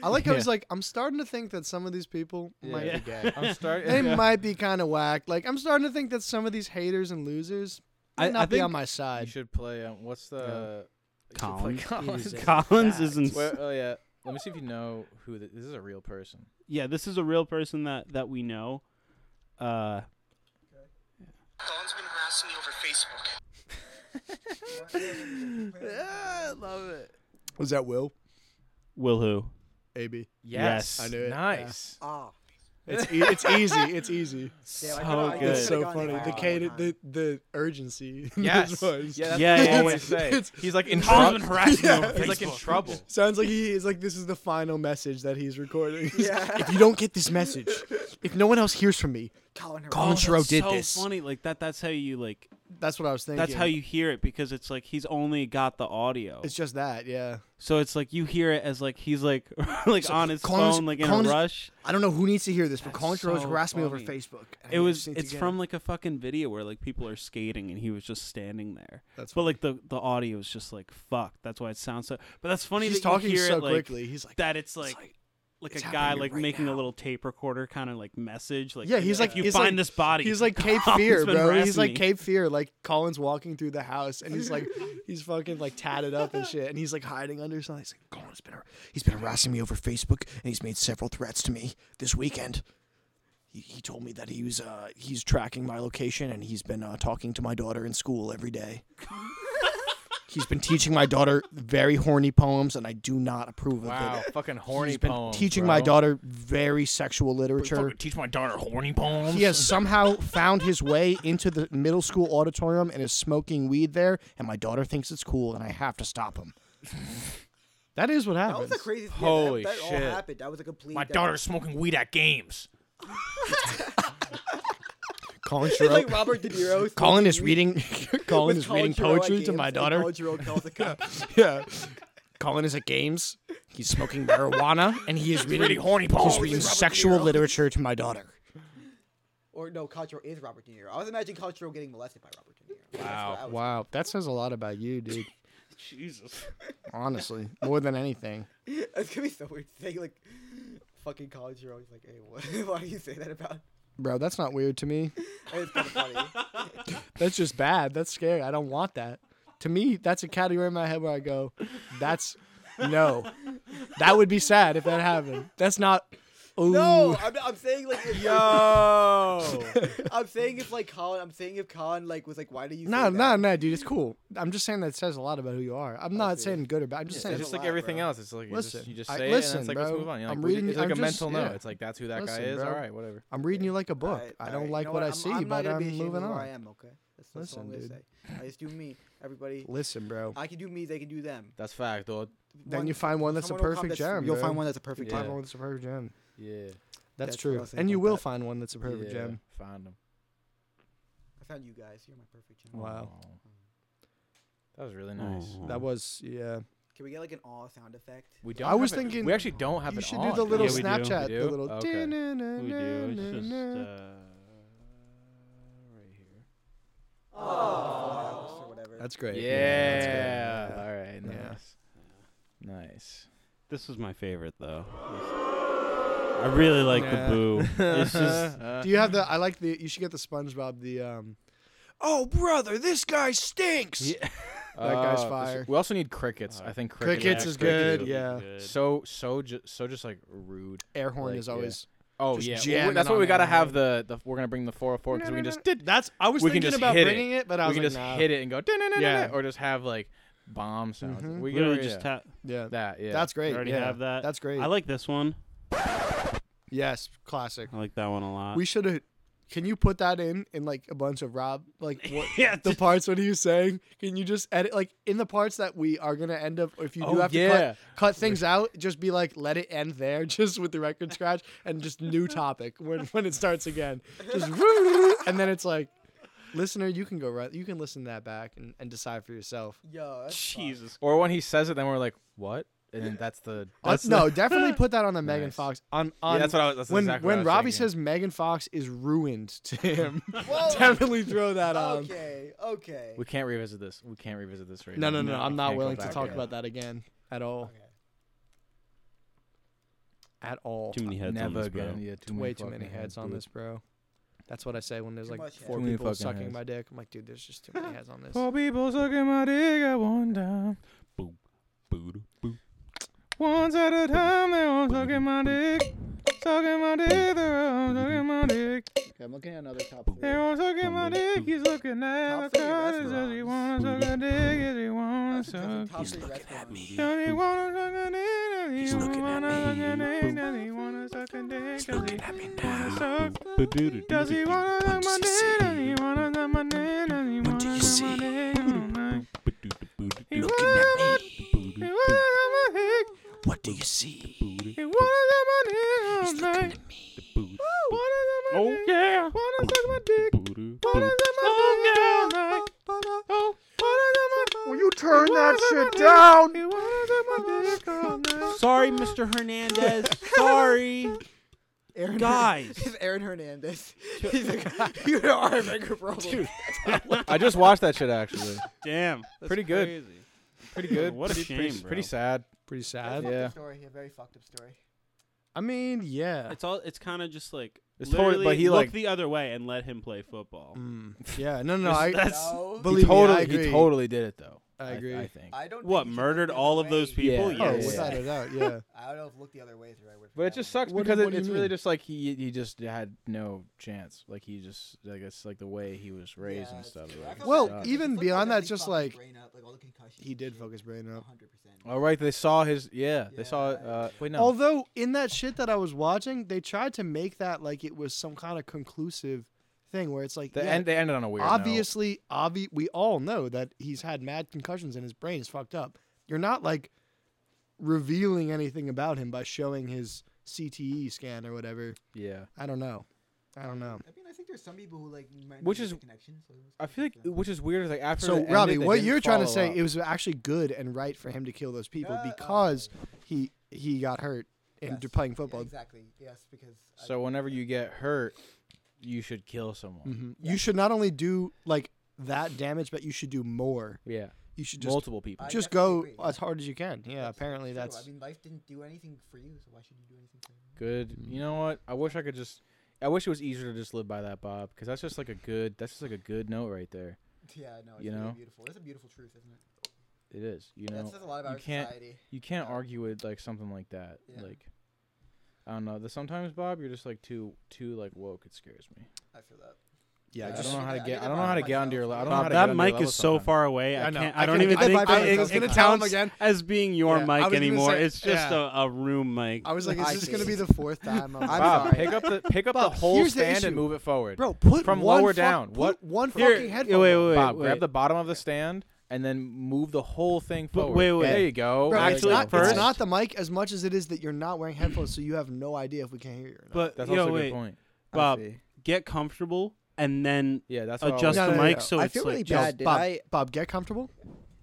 [SPEAKER 8] I like how he's like, I'm starting to think that some of these people
[SPEAKER 4] Yeah.
[SPEAKER 8] might be
[SPEAKER 4] Yeah.
[SPEAKER 8] gay.
[SPEAKER 4] I'm start-
[SPEAKER 8] they
[SPEAKER 4] yeah.
[SPEAKER 8] might be kind of whack. Like, I'm starting to think that some of these haters and losers might
[SPEAKER 4] I- I
[SPEAKER 8] not be on
[SPEAKER 4] think
[SPEAKER 8] my side.
[SPEAKER 4] You should play. Um, what's the? you should play
[SPEAKER 3] Collins.
[SPEAKER 4] Collins.
[SPEAKER 3] Jesus. Collins is ins-
[SPEAKER 4] Wait, oh yeah. Let me see if you know who th- this is. A real person.
[SPEAKER 3] Yeah, this is a real person that that we know. Uh,
[SPEAKER 6] Don's been harassing me over Facebook.
[SPEAKER 4] I love it.
[SPEAKER 2] Was that Will?
[SPEAKER 3] Will who?
[SPEAKER 2] AB.
[SPEAKER 3] Yes.
[SPEAKER 2] I knew it.
[SPEAKER 4] Nice.
[SPEAKER 19] Ah.
[SPEAKER 2] Yeah. It's e- it's easy. It's easy.
[SPEAKER 19] Damn, I could've- I could've
[SPEAKER 2] It's so
[SPEAKER 19] gone
[SPEAKER 2] funny.
[SPEAKER 19] viral
[SPEAKER 2] The
[SPEAKER 19] that
[SPEAKER 2] cadence,
[SPEAKER 19] time.
[SPEAKER 2] the the urgency. in
[SPEAKER 4] Yes.
[SPEAKER 2] his voice.
[SPEAKER 4] Yeah, that's Yeah, what yeah, I always yeah. say. He's like in Tom's trou- been harassing him on He's like in Facebook. trouble.
[SPEAKER 2] Sounds like he is like this is the final message that he's recording.
[SPEAKER 19] Yeah.
[SPEAKER 2] if you don't get this message, if no one else hears from me,
[SPEAKER 19] Colin Herrera.
[SPEAKER 2] Colin Sherrod
[SPEAKER 3] that's
[SPEAKER 2] did
[SPEAKER 3] so
[SPEAKER 2] this.
[SPEAKER 3] funny. Like that. That's how you like.
[SPEAKER 2] That's what I was thinking.
[SPEAKER 3] That's how you hear it because it's like he's only got the audio.
[SPEAKER 2] It's just that, yeah.
[SPEAKER 3] so it's like you hear it as like he's like like
[SPEAKER 2] So,
[SPEAKER 3] on his
[SPEAKER 2] Colin's-
[SPEAKER 3] phone like in
[SPEAKER 2] Colin's-
[SPEAKER 3] a rush.
[SPEAKER 2] I don't know who needs to hear this, but
[SPEAKER 3] That's
[SPEAKER 2] Colin Sherrod's
[SPEAKER 3] so
[SPEAKER 2] harassed me over
[SPEAKER 3] funny.
[SPEAKER 2] Facebook. and I
[SPEAKER 3] It was
[SPEAKER 2] just need to
[SPEAKER 3] it's
[SPEAKER 2] get
[SPEAKER 3] from like a fucking video where like people are skating and he was just standing there.
[SPEAKER 2] That's
[SPEAKER 3] but like the the audio is just like fuck. That's why it sounds so. But that's funny
[SPEAKER 2] He's
[SPEAKER 3] that you
[SPEAKER 2] talking
[SPEAKER 3] hear
[SPEAKER 2] so
[SPEAKER 3] it like,
[SPEAKER 2] quickly. He's like,
[SPEAKER 3] that. It's like.
[SPEAKER 2] "It's
[SPEAKER 3] like
[SPEAKER 2] it's
[SPEAKER 3] a guy
[SPEAKER 2] happening
[SPEAKER 3] like
[SPEAKER 2] right
[SPEAKER 3] making a little tape recorder kind of like message like
[SPEAKER 2] yeah, he's
[SPEAKER 3] if
[SPEAKER 2] like
[SPEAKER 3] you
[SPEAKER 2] he's
[SPEAKER 3] find
[SPEAKER 2] like-
[SPEAKER 3] this body
[SPEAKER 2] He's like Cape
[SPEAKER 3] Colin's
[SPEAKER 2] Fear,
[SPEAKER 3] been
[SPEAKER 2] bro.
[SPEAKER 3] harassing
[SPEAKER 2] He's like
[SPEAKER 3] me.
[SPEAKER 2] Cape Fear. Like Colin's walking through the house and he's like he's fucking like tatted up and shit, and he's like hiding under something. He's like Colin's been har- he's been harassing me over Facebook, and he's made several threats to me this weekend. He, he told me that he was uh, he's tracking my location, and he's been uh, talking to my daughter in school every day. He's been teaching my daughter very horny poems, and I do not approve of
[SPEAKER 4] Wow,
[SPEAKER 2] it.
[SPEAKER 4] fucking horny
[SPEAKER 2] He's been
[SPEAKER 4] poems,
[SPEAKER 2] teaching
[SPEAKER 4] bro.
[SPEAKER 2] my daughter very sexual literature.
[SPEAKER 9] Teach my daughter horny poems.
[SPEAKER 2] He has somehow found his way into the middle school auditorium and is smoking weed there, and my daughter thinks it's cool, and I have to stop him. That is what
[SPEAKER 19] That was
[SPEAKER 2] happens.
[SPEAKER 19] the craziest. yeah,
[SPEAKER 9] Holy
[SPEAKER 19] that, that all
[SPEAKER 9] shit.
[SPEAKER 19] happened. That was a complete.
[SPEAKER 9] My
[SPEAKER 19] that-
[SPEAKER 9] daughter's smoking weed at games.
[SPEAKER 2] Colin
[SPEAKER 19] It's
[SPEAKER 2] Sherrill-
[SPEAKER 19] like Robert De
[SPEAKER 2] Colin
[SPEAKER 19] Niro. smoking
[SPEAKER 2] is
[SPEAKER 19] weed
[SPEAKER 2] reading. Colin
[SPEAKER 19] with
[SPEAKER 2] is reading
[SPEAKER 19] Sherrill at
[SPEAKER 2] poetry to
[SPEAKER 19] games,
[SPEAKER 2] my
[SPEAKER 19] and
[SPEAKER 2] daughter.
[SPEAKER 19] Colin Sherrill calls the cop.
[SPEAKER 2] yeah. Colin is at games. He's smoking marijuana, and he is reading,
[SPEAKER 9] reading horny poems.
[SPEAKER 2] He's reading
[SPEAKER 9] Robert De
[SPEAKER 2] sexual literature to my daughter.
[SPEAKER 19] Or no, Control is Robert De Niro. I was imagining Control getting molested by Robert De Niro. That's what I was-
[SPEAKER 2] Wow, that says a lot about you, dude.
[SPEAKER 3] Jesus.
[SPEAKER 2] Honestly, more than anything.
[SPEAKER 19] It's gonna be so weird to say like, fucking College Hero. He's like, hey, what? why do you say that about?
[SPEAKER 2] Bro, that's not weird to me.
[SPEAKER 19] It's kind of funny.
[SPEAKER 2] That's just bad. That's scary. I don't want that. To me, that's a category in my head where I go, that's no. That would be sad if that happened. That's not. Ooh.
[SPEAKER 19] No, I'm, I'm saying like, if,
[SPEAKER 4] Yo.
[SPEAKER 19] I'm saying if like Colin, I'm saying if Colin like was like, why do you?
[SPEAKER 2] No,
[SPEAKER 19] say
[SPEAKER 2] no,
[SPEAKER 19] that?
[SPEAKER 2] no, dude. It's cool. I'm just saying that says a lot about who you are. I'm not saying good or bad. I'm just saying.
[SPEAKER 4] It's just
[SPEAKER 19] a
[SPEAKER 4] like
[SPEAKER 19] lot,
[SPEAKER 4] everything
[SPEAKER 19] bro.
[SPEAKER 4] else. It's like you just-
[SPEAKER 2] Listen,
[SPEAKER 4] you just,
[SPEAKER 2] I-
[SPEAKER 4] say
[SPEAKER 2] listen,
[SPEAKER 4] it and it's like
[SPEAKER 2] bro.
[SPEAKER 4] let's move on. You're
[SPEAKER 2] I'm
[SPEAKER 4] like, we-
[SPEAKER 2] reading-
[SPEAKER 4] it's like
[SPEAKER 2] I'm
[SPEAKER 4] a
[SPEAKER 2] just-
[SPEAKER 4] mental note.
[SPEAKER 2] yeah.
[SPEAKER 4] It's like that's who that
[SPEAKER 2] Listen,
[SPEAKER 4] guy is.
[SPEAKER 2] bro.
[SPEAKER 4] All right, whatever.
[SPEAKER 2] I'm reading you like a book.
[SPEAKER 19] Alright,
[SPEAKER 2] I
[SPEAKER 19] alright,
[SPEAKER 2] don't
[SPEAKER 19] you
[SPEAKER 2] like
[SPEAKER 19] know
[SPEAKER 2] what, I
[SPEAKER 19] I'm-
[SPEAKER 2] see,
[SPEAKER 19] I'm not
[SPEAKER 2] but
[SPEAKER 19] gonna be
[SPEAKER 2] I'm
[SPEAKER 19] ashamed of
[SPEAKER 2] moving
[SPEAKER 19] who
[SPEAKER 2] on.
[SPEAKER 19] I am okay. That's, that's all I'm
[SPEAKER 2] Listen,
[SPEAKER 19] gonna
[SPEAKER 2] dude.
[SPEAKER 19] say. I just do me. Everybody,
[SPEAKER 2] Listen, bro.
[SPEAKER 19] I can do me. They can do them.
[SPEAKER 4] That's fact, dude.
[SPEAKER 2] Then you find one that's a
[SPEAKER 19] someone will come
[SPEAKER 2] perfect
[SPEAKER 19] that's-
[SPEAKER 2] gem.
[SPEAKER 19] You'll
[SPEAKER 2] bro.
[SPEAKER 19] find one that's a perfect
[SPEAKER 2] You
[SPEAKER 4] gem.
[SPEAKER 2] Find one that's a perfect gem.
[SPEAKER 4] Yeah.
[SPEAKER 2] That's,
[SPEAKER 19] That's what I
[SPEAKER 2] true.
[SPEAKER 19] was thinking
[SPEAKER 2] And you
[SPEAKER 19] about
[SPEAKER 2] will
[SPEAKER 19] that.
[SPEAKER 2] find one that's a perfect
[SPEAKER 4] yeah.
[SPEAKER 2] gem.
[SPEAKER 4] Find him.
[SPEAKER 19] I found you guys. You're my perfect gem.
[SPEAKER 2] Wow.
[SPEAKER 4] That was
[SPEAKER 3] Oh.
[SPEAKER 4] really nice.
[SPEAKER 3] Aw.
[SPEAKER 2] That was yeah.
[SPEAKER 19] Can we get like an awe sound effect?
[SPEAKER 4] We don't.
[SPEAKER 2] I was
[SPEAKER 4] have it-
[SPEAKER 2] thinking
[SPEAKER 4] we actually don't have
[SPEAKER 2] You
[SPEAKER 4] it
[SPEAKER 2] should
[SPEAKER 4] on.
[SPEAKER 2] do the little
[SPEAKER 3] Yeah, we do.
[SPEAKER 2] Snapchat,
[SPEAKER 4] We
[SPEAKER 2] the
[SPEAKER 4] do?
[SPEAKER 2] little.
[SPEAKER 3] We do.
[SPEAKER 4] Okay.
[SPEAKER 3] It's just uh,
[SPEAKER 2] da-na-na-na-na.
[SPEAKER 3] right here.
[SPEAKER 19] Oh. Or whatever.
[SPEAKER 2] That's great. that's great.
[SPEAKER 4] Yeah. All right.
[SPEAKER 2] Yeah.
[SPEAKER 4] Nice. Nice.
[SPEAKER 3] This was my favorite though. I really like
[SPEAKER 2] Yeah.
[SPEAKER 3] the boo. It's just
[SPEAKER 4] Uh,
[SPEAKER 2] Do you have the? I like the. You should get the SpongeBob. The um. Oh brother, this guy stinks.
[SPEAKER 3] Yeah.
[SPEAKER 2] That guy's
[SPEAKER 4] uh, this-
[SPEAKER 2] fire.
[SPEAKER 4] We also need crickets. I think crickets.
[SPEAKER 2] Crickets
[SPEAKER 4] are
[SPEAKER 2] is
[SPEAKER 4] actually
[SPEAKER 2] good,
[SPEAKER 4] really
[SPEAKER 2] yeah.
[SPEAKER 4] So so ju- so just like rude.
[SPEAKER 2] Air horn
[SPEAKER 4] Like,
[SPEAKER 2] is
[SPEAKER 4] yeah.
[SPEAKER 2] always.
[SPEAKER 4] Oh
[SPEAKER 2] Just
[SPEAKER 4] yeah, Well,
[SPEAKER 2] jamming
[SPEAKER 4] that's what
[SPEAKER 2] on
[SPEAKER 4] we gotta
[SPEAKER 2] that,
[SPEAKER 4] have
[SPEAKER 2] right?
[SPEAKER 4] the, the we're gonna bring the four four because we can just did.
[SPEAKER 2] That's. I was
[SPEAKER 4] we can
[SPEAKER 2] thinking
[SPEAKER 4] just
[SPEAKER 2] about
[SPEAKER 4] hit
[SPEAKER 2] bringing it, but I
[SPEAKER 4] we
[SPEAKER 2] was
[SPEAKER 4] can
[SPEAKER 2] like,
[SPEAKER 4] just
[SPEAKER 2] nah.
[SPEAKER 4] hit it and go
[SPEAKER 2] Yeah.
[SPEAKER 4] yeah. or just have like bomb sounds.
[SPEAKER 2] Mhm.
[SPEAKER 4] We
[SPEAKER 3] we
[SPEAKER 4] can
[SPEAKER 3] literally just tap.
[SPEAKER 2] Yeah.
[SPEAKER 4] that. Yeah,
[SPEAKER 2] That's great.
[SPEAKER 3] We already
[SPEAKER 2] yeah.
[SPEAKER 3] have that.
[SPEAKER 2] That's great.
[SPEAKER 3] I like this one.
[SPEAKER 2] Yes, classic.
[SPEAKER 3] I like that one a lot.
[SPEAKER 2] We should have. Can you put that in in like a bunch of Rob like what
[SPEAKER 3] yeah,
[SPEAKER 2] the
[SPEAKER 3] just-
[SPEAKER 2] parts? What are you saying? Can you just edit like in the parts that we are gonna end up? If you do
[SPEAKER 4] Oh,
[SPEAKER 2] have to
[SPEAKER 4] yeah.
[SPEAKER 2] cut, cut things out, just be like let it end there, just with the record scratch and just new topic when when it starts again. Just and then it's like, listener, you can go right. You can listen to that back and, and decide for yourself.
[SPEAKER 19] Yo, that's
[SPEAKER 3] Jesus.
[SPEAKER 4] Or when he says it, then we're like, what? And then that's the
[SPEAKER 2] Uh,
[SPEAKER 4] that's
[SPEAKER 2] no,
[SPEAKER 4] the-
[SPEAKER 2] definitely put that on the Megan
[SPEAKER 4] Nice.
[SPEAKER 2] Fox. On,
[SPEAKER 4] Yeah,
[SPEAKER 2] on
[SPEAKER 4] that's what I was- that's
[SPEAKER 2] when
[SPEAKER 4] exactly what
[SPEAKER 2] when
[SPEAKER 4] I was
[SPEAKER 2] Robbie
[SPEAKER 4] thinking.
[SPEAKER 2] says Megan Fox is ruined to him, definitely throw that
[SPEAKER 4] Oh,
[SPEAKER 2] on.
[SPEAKER 19] Okay, okay.
[SPEAKER 4] We can't revisit this. We can't revisit this right
[SPEAKER 2] No,
[SPEAKER 4] now.
[SPEAKER 2] no, no, I'm
[SPEAKER 4] we
[SPEAKER 2] not
[SPEAKER 4] can't go
[SPEAKER 2] willing to
[SPEAKER 4] back
[SPEAKER 2] talk
[SPEAKER 4] there.
[SPEAKER 2] about that again at all. At all.
[SPEAKER 3] Too many heads
[SPEAKER 4] Never
[SPEAKER 3] on this, bro.
[SPEAKER 4] again. Yeah, too many
[SPEAKER 2] Way too many
[SPEAKER 4] fucking
[SPEAKER 2] heads on
[SPEAKER 4] dude.
[SPEAKER 2] this, bro. That's what I say when there's
[SPEAKER 19] Too
[SPEAKER 2] like
[SPEAKER 19] much
[SPEAKER 2] four
[SPEAKER 4] heads. Too many
[SPEAKER 2] people
[SPEAKER 4] fucking
[SPEAKER 2] sucking
[SPEAKER 4] heads.
[SPEAKER 2] my dick. I'm like, dude, there's just too many heads on this.
[SPEAKER 4] Four people sucking my dick at one time.
[SPEAKER 3] Boo, boo.
[SPEAKER 4] Once at a time, they all sucking my dick. Sucking my dick, they're all sucking my dick.
[SPEAKER 19] Okay, I'm looking at another top three.
[SPEAKER 4] They're all sucking my dick. He's looking at
[SPEAKER 19] Top
[SPEAKER 4] the
[SPEAKER 19] three
[SPEAKER 4] car. Does he wanna suck a dick? Does he wanna suck?
[SPEAKER 19] Top three restaurants.
[SPEAKER 4] Does he wanna suck a dick? Does
[SPEAKER 3] He's
[SPEAKER 4] he
[SPEAKER 3] looking at
[SPEAKER 4] wanna suck a
[SPEAKER 3] me.
[SPEAKER 4] dick? Does he wanna suck a dick? Does he wanna suck? Does
[SPEAKER 3] Does
[SPEAKER 4] he wanna suck my dick? Does he wanna suck my dick? Does he
[SPEAKER 3] What do
[SPEAKER 4] wanna
[SPEAKER 3] you
[SPEAKER 4] suck my
[SPEAKER 3] see?
[SPEAKER 4] dick? Oh, my. He
[SPEAKER 3] Looking
[SPEAKER 4] wanna
[SPEAKER 3] at
[SPEAKER 4] suck
[SPEAKER 3] me.
[SPEAKER 4] my- he wanna suck my dick.
[SPEAKER 3] What do you see?
[SPEAKER 4] He wanna suck my dick all night. Wanna suck my
[SPEAKER 3] Oh,
[SPEAKER 4] dick.
[SPEAKER 3] yeah.
[SPEAKER 4] Wanna suck my dick. Wanna suck my dick all night. Oh, wanna suck my dick.
[SPEAKER 10] Will you turn
[SPEAKER 4] He
[SPEAKER 10] that
[SPEAKER 4] wanna suck
[SPEAKER 10] shit
[SPEAKER 4] my dick.
[SPEAKER 10] down?
[SPEAKER 4] He wanna suck my dick all night.
[SPEAKER 3] Oh, Sorry, Mr. Hernandez. Sorry.
[SPEAKER 19] Aaron
[SPEAKER 3] Guys.
[SPEAKER 19] Hernandez. Aaron Hernandez. He's like, you are having a problem.
[SPEAKER 4] I just watched that shit actually.
[SPEAKER 3] Damn. that's
[SPEAKER 4] Pretty good.
[SPEAKER 3] crazy.
[SPEAKER 4] Pretty good.
[SPEAKER 3] What a
[SPEAKER 4] pretty,
[SPEAKER 3] shame,
[SPEAKER 4] pretty,
[SPEAKER 3] bro.
[SPEAKER 4] pretty sad.
[SPEAKER 2] Pretty
[SPEAKER 19] Fucked
[SPEAKER 2] sad.
[SPEAKER 19] up
[SPEAKER 4] Yeah.
[SPEAKER 19] Story, a very fucked up story.
[SPEAKER 2] I mean, yeah.
[SPEAKER 3] It's all. It's kind of just like.
[SPEAKER 4] It's totally-
[SPEAKER 3] literally
[SPEAKER 4] but he,
[SPEAKER 3] look
[SPEAKER 4] like-
[SPEAKER 3] the other way and let him play football.
[SPEAKER 2] Mm, yeah. No, no, no.
[SPEAKER 3] This-
[SPEAKER 2] I,
[SPEAKER 3] that's-
[SPEAKER 19] No,
[SPEAKER 2] believe
[SPEAKER 4] he totally,
[SPEAKER 2] me, I agree.
[SPEAKER 4] he totally did it though.
[SPEAKER 2] I
[SPEAKER 4] th-
[SPEAKER 2] agree.
[SPEAKER 4] I, think.
[SPEAKER 19] I don't.
[SPEAKER 3] What
[SPEAKER 19] think you should look
[SPEAKER 3] murdered
[SPEAKER 19] the
[SPEAKER 3] all
[SPEAKER 19] other
[SPEAKER 3] of those
[SPEAKER 19] way.
[SPEAKER 3] people?
[SPEAKER 4] Yeah.
[SPEAKER 2] oh,
[SPEAKER 3] Yes.
[SPEAKER 2] without a doubt, yeah.
[SPEAKER 19] I don't know if look the other way is the right word. for
[SPEAKER 4] But it
[SPEAKER 19] that
[SPEAKER 4] just
[SPEAKER 19] one.
[SPEAKER 4] sucks
[SPEAKER 2] What do-
[SPEAKER 4] because
[SPEAKER 2] what
[SPEAKER 4] it,
[SPEAKER 2] do you
[SPEAKER 4] it's really
[SPEAKER 2] mean?
[SPEAKER 4] just like he he just had no chance. Like he just like it's like the way he was raised
[SPEAKER 19] Yeah,
[SPEAKER 4] and
[SPEAKER 19] it's
[SPEAKER 4] stuff.
[SPEAKER 19] true.
[SPEAKER 4] like,
[SPEAKER 19] I
[SPEAKER 4] it
[SPEAKER 19] felt
[SPEAKER 2] Well,
[SPEAKER 19] like
[SPEAKER 4] sucks.
[SPEAKER 19] that-
[SPEAKER 2] even
[SPEAKER 19] football
[SPEAKER 2] beyond that,
[SPEAKER 19] definitely
[SPEAKER 2] just
[SPEAKER 19] fucked his
[SPEAKER 2] like-
[SPEAKER 19] brain up, like all the concussions
[SPEAKER 2] He
[SPEAKER 19] and
[SPEAKER 2] did
[SPEAKER 19] shit.
[SPEAKER 2] fuck his brain up.
[SPEAKER 19] 100%.
[SPEAKER 4] all Oh, right, they saw his yeah,
[SPEAKER 19] Yeah.
[SPEAKER 4] they saw uh wait no.
[SPEAKER 2] Although in that shit that I was watching, they tried to make that like it was some kind of conclusive thing where it's like
[SPEAKER 4] the
[SPEAKER 2] yeah,
[SPEAKER 4] end they ended on a weird note.
[SPEAKER 2] obviously, obvi- we all know that he's had mad concussions and his brain is fucked up. You're not like revealing anything about him by showing his CTE scan or whatever.
[SPEAKER 4] Yeah.
[SPEAKER 2] I don't know. I don't know.
[SPEAKER 19] I mean, I think there's some people who like might not
[SPEAKER 4] Which
[SPEAKER 19] make
[SPEAKER 4] is-
[SPEAKER 19] the connection. So it was
[SPEAKER 4] I
[SPEAKER 19] kinda
[SPEAKER 4] feel like
[SPEAKER 19] different.
[SPEAKER 4] which is weird is like after it
[SPEAKER 2] So
[SPEAKER 4] ended,
[SPEAKER 2] Robbie,
[SPEAKER 4] they
[SPEAKER 2] what
[SPEAKER 4] didn't
[SPEAKER 2] you're trying to
[SPEAKER 4] follow
[SPEAKER 2] say,
[SPEAKER 4] up.
[SPEAKER 2] it was actually good and right for him to kill those people
[SPEAKER 19] Yeah,
[SPEAKER 2] because he he got hurt and
[SPEAKER 19] Uh, Yes.
[SPEAKER 2] playing
[SPEAKER 19] Yeah,
[SPEAKER 2] football.
[SPEAKER 19] exactly. Yes, because I-
[SPEAKER 4] So whenever you get hurt, you should kill someone.
[SPEAKER 2] Mhm. You should not only do like that damage, but you should do more.
[SPEAKER 4] Yeah.
[SPEAKER 2] You should just
[SPEAKER 4] Multiple people.
[SPEAKER 19] I
[SPEAKER 2] just go
[SPEAKER 19] definitely agree.
[SPEAKER 2] as hard as you can. Yeah, apparently
[SPEAKER 19] true.
[SPEAKER 2] that's
[SPEAKER 19] I mean, life didn't do anything for you, so why should you do anything for me?
[SPEAKER 4] Good.
[SPEAKER 2] Mm.
[SPEAKER 4] You know what? I wish I could just. I wish it was easier to just live by that, Bob, because that's just like a good. That's just like a good note right there.
[SPEAKER 19] Yeah, no, it's
[SPEAKER 4] You
[SPEAKER 19] really
[SPEAKER 4] know?
[SPEAKER 19] beautiful. It's a beautiful truth, isn't it?
[SPEAKER 4] It is. You
[SPEAKER 19] that
[SPEAKER 4] know,
[SPEAKER 19] says a lot about
[SPEAKER 4] you
[SPEAKER 19] our
[SPEAKER 4] can't-
[SPEAKER 19] society.
[SPEAKER 4] you can't
[SPEAKER 19] Yeah.
[SPEAKER 4] argue with like something like that.
[SPEAKER 19] Yeah.
[SPEAKER 4] Like, I don't know. The sometimes, Bob, you're just like too too like woke. It scares me.
[SPEAKER 19] I feel that.
[SPEAKER 2] yeah.
[SPEAKER 4] I
[SPEAKER 19] I
[SPEAKER 2] just-
[SPEAKER 4] don't know how
[SPEAKER 19] I
[SPEAKER 4] to
[SPEAKER 19] did
[SPEAKER 4] get.
[SPEAKER 19] that
[SPEAKER 4] I don't know
[SPEAKER 19] by
[SPEAKER 4] how to get
[SPEAKER 19] myself.
[SPEAKER 4] onto your. le- I don't know
[SPEAKER 3] Bob,
[SPEAKER 4] how to get
[SPEAKER 3] that
[SPEAKER 4] onto your
[SPEAKER 3] mic
[SPEAKER 4] level
[SPEAKER 3] is so
[SPEAKER 4] sometimes.
[SPEAKER 3] far away. I,
[SPEAKER 2] I know.
[SPEAKER 3] can't.
[SPEAKER 2] I
[SPEAKER 3] I don't
[SPEAKER 2] can-
[SPEAKER 3] even
[SPEAKER 2] I
[SPEAKER 3] think
[SPEAKER 2] vibrate
[SPEAKER 3] that
[SPEAKER 2] myself.
[SPEAKER 3] it,
[SPEAKER 2] Can
[SPEAKER 3] it
[SPEAKER 2] I tell him
[SPEAKER 3] counts
[SPEAKER 2] again?
[SPEAKER 3] as being
[SPEAKER 2] Yeah,
[SPEAKER 3] your
[SPEAKER 2] I was
[SPEAKER 3] mic
[SPEAKER 2] gonna
[SPEAKER 3] anymore.
[SPEAKER 2] say-
[SPEAKER 3] it's just
[SPEAKER 2] yeah.
[SPEAKER 3] a, a room mic.
[SPEAKER 2] I was like, is
[SPEAKER 19] I
[SPEAKER 2] this gonna
[SPEAKER 19] see.
[SPEAKER 2] be the fourth time? I'm
[SPEAKER 4] Bob,
[SPEAKER 2] sorry.
[SPEAKER 4] pick up the pick up
[SPEAKER 2] Bob,
[SPEAKER 4] the whole
[SPEAKER 2] here's the
[SPEAKER 4] stand and
[SPEAKER 2] issue.
[SPEAKER 4] move it forward.
[SPEAKER 2] bro. Put
[SPEAKER 4] from
[SPEAKER 2] one
[SPEAKER 4] lower
[SPEAKER 2] fuck-
[SPEAKER 4] down.
[SPEAKER 2] put
[SPEAKER 4] What-
[SPEAKER 2] one
[SPEAKER 3] Here-
[SPEAKER 2] fucking
[SPEAKER 3] yeah,
[SPEAKER 2] headphone?
[SPEAKER 3] wait,
[SPEAKER 2] on.
[SPEAKER 3] wait,
[SPEAKER 4] Bob,
[SPEAKER 3] wait.
[SPEAKER 4] grab the bottom of the stand and then move the whole thing
[SPEAKER 3] But
[SPEAKER 4] forward.
[SPEAKER 3] wait, wait.
[SPEAKER 4] There you go.
[SPEAKER 2] Bro,
[SPEAKER 4] There
[SPEAKER 2] it's,
[SPEAKER 4] you
[SPEAKER 3] actually,
[SPEAKER 4] go.
[SPEAKER 2] not,
[SPEAKER 3] first-
[SPEAKER 2] it's not the mic as much as it is that you're not wearing headphones, so you have no idea if we can hear you. Or not.
[SPEAKER 3] But
[SPEAKER 4] That's
[SPEAKER 3] yo,
[SPEAKER 4] also a
[SPEAKER 3] wait,
[SPEAKER 4] good point.
[SPEAKER 3] Bob, get comfortable and then
[SPEAKER 4] Yeah, that's what I
[SPEAKER 3] adjust the
[SPEAKER 4] always-
[SPEAKER 2] No, no,
[SPEAKER 3] mic
[SPEAKER 2] no.
[SPEAKER 3] so
[SPEAKER 19] I
[SPEAKER 3] it's
[SPEAKER 19] feel
[SPEAKER 3] like
[SPEAKER 19] really
[SPEAKER 2] Yo,
[SPEAKER 19] bad. did
[SPEAKER 2] Bob,
[SPEAKER 19] I-
[SPEAKER 2] Bob, get comfortable.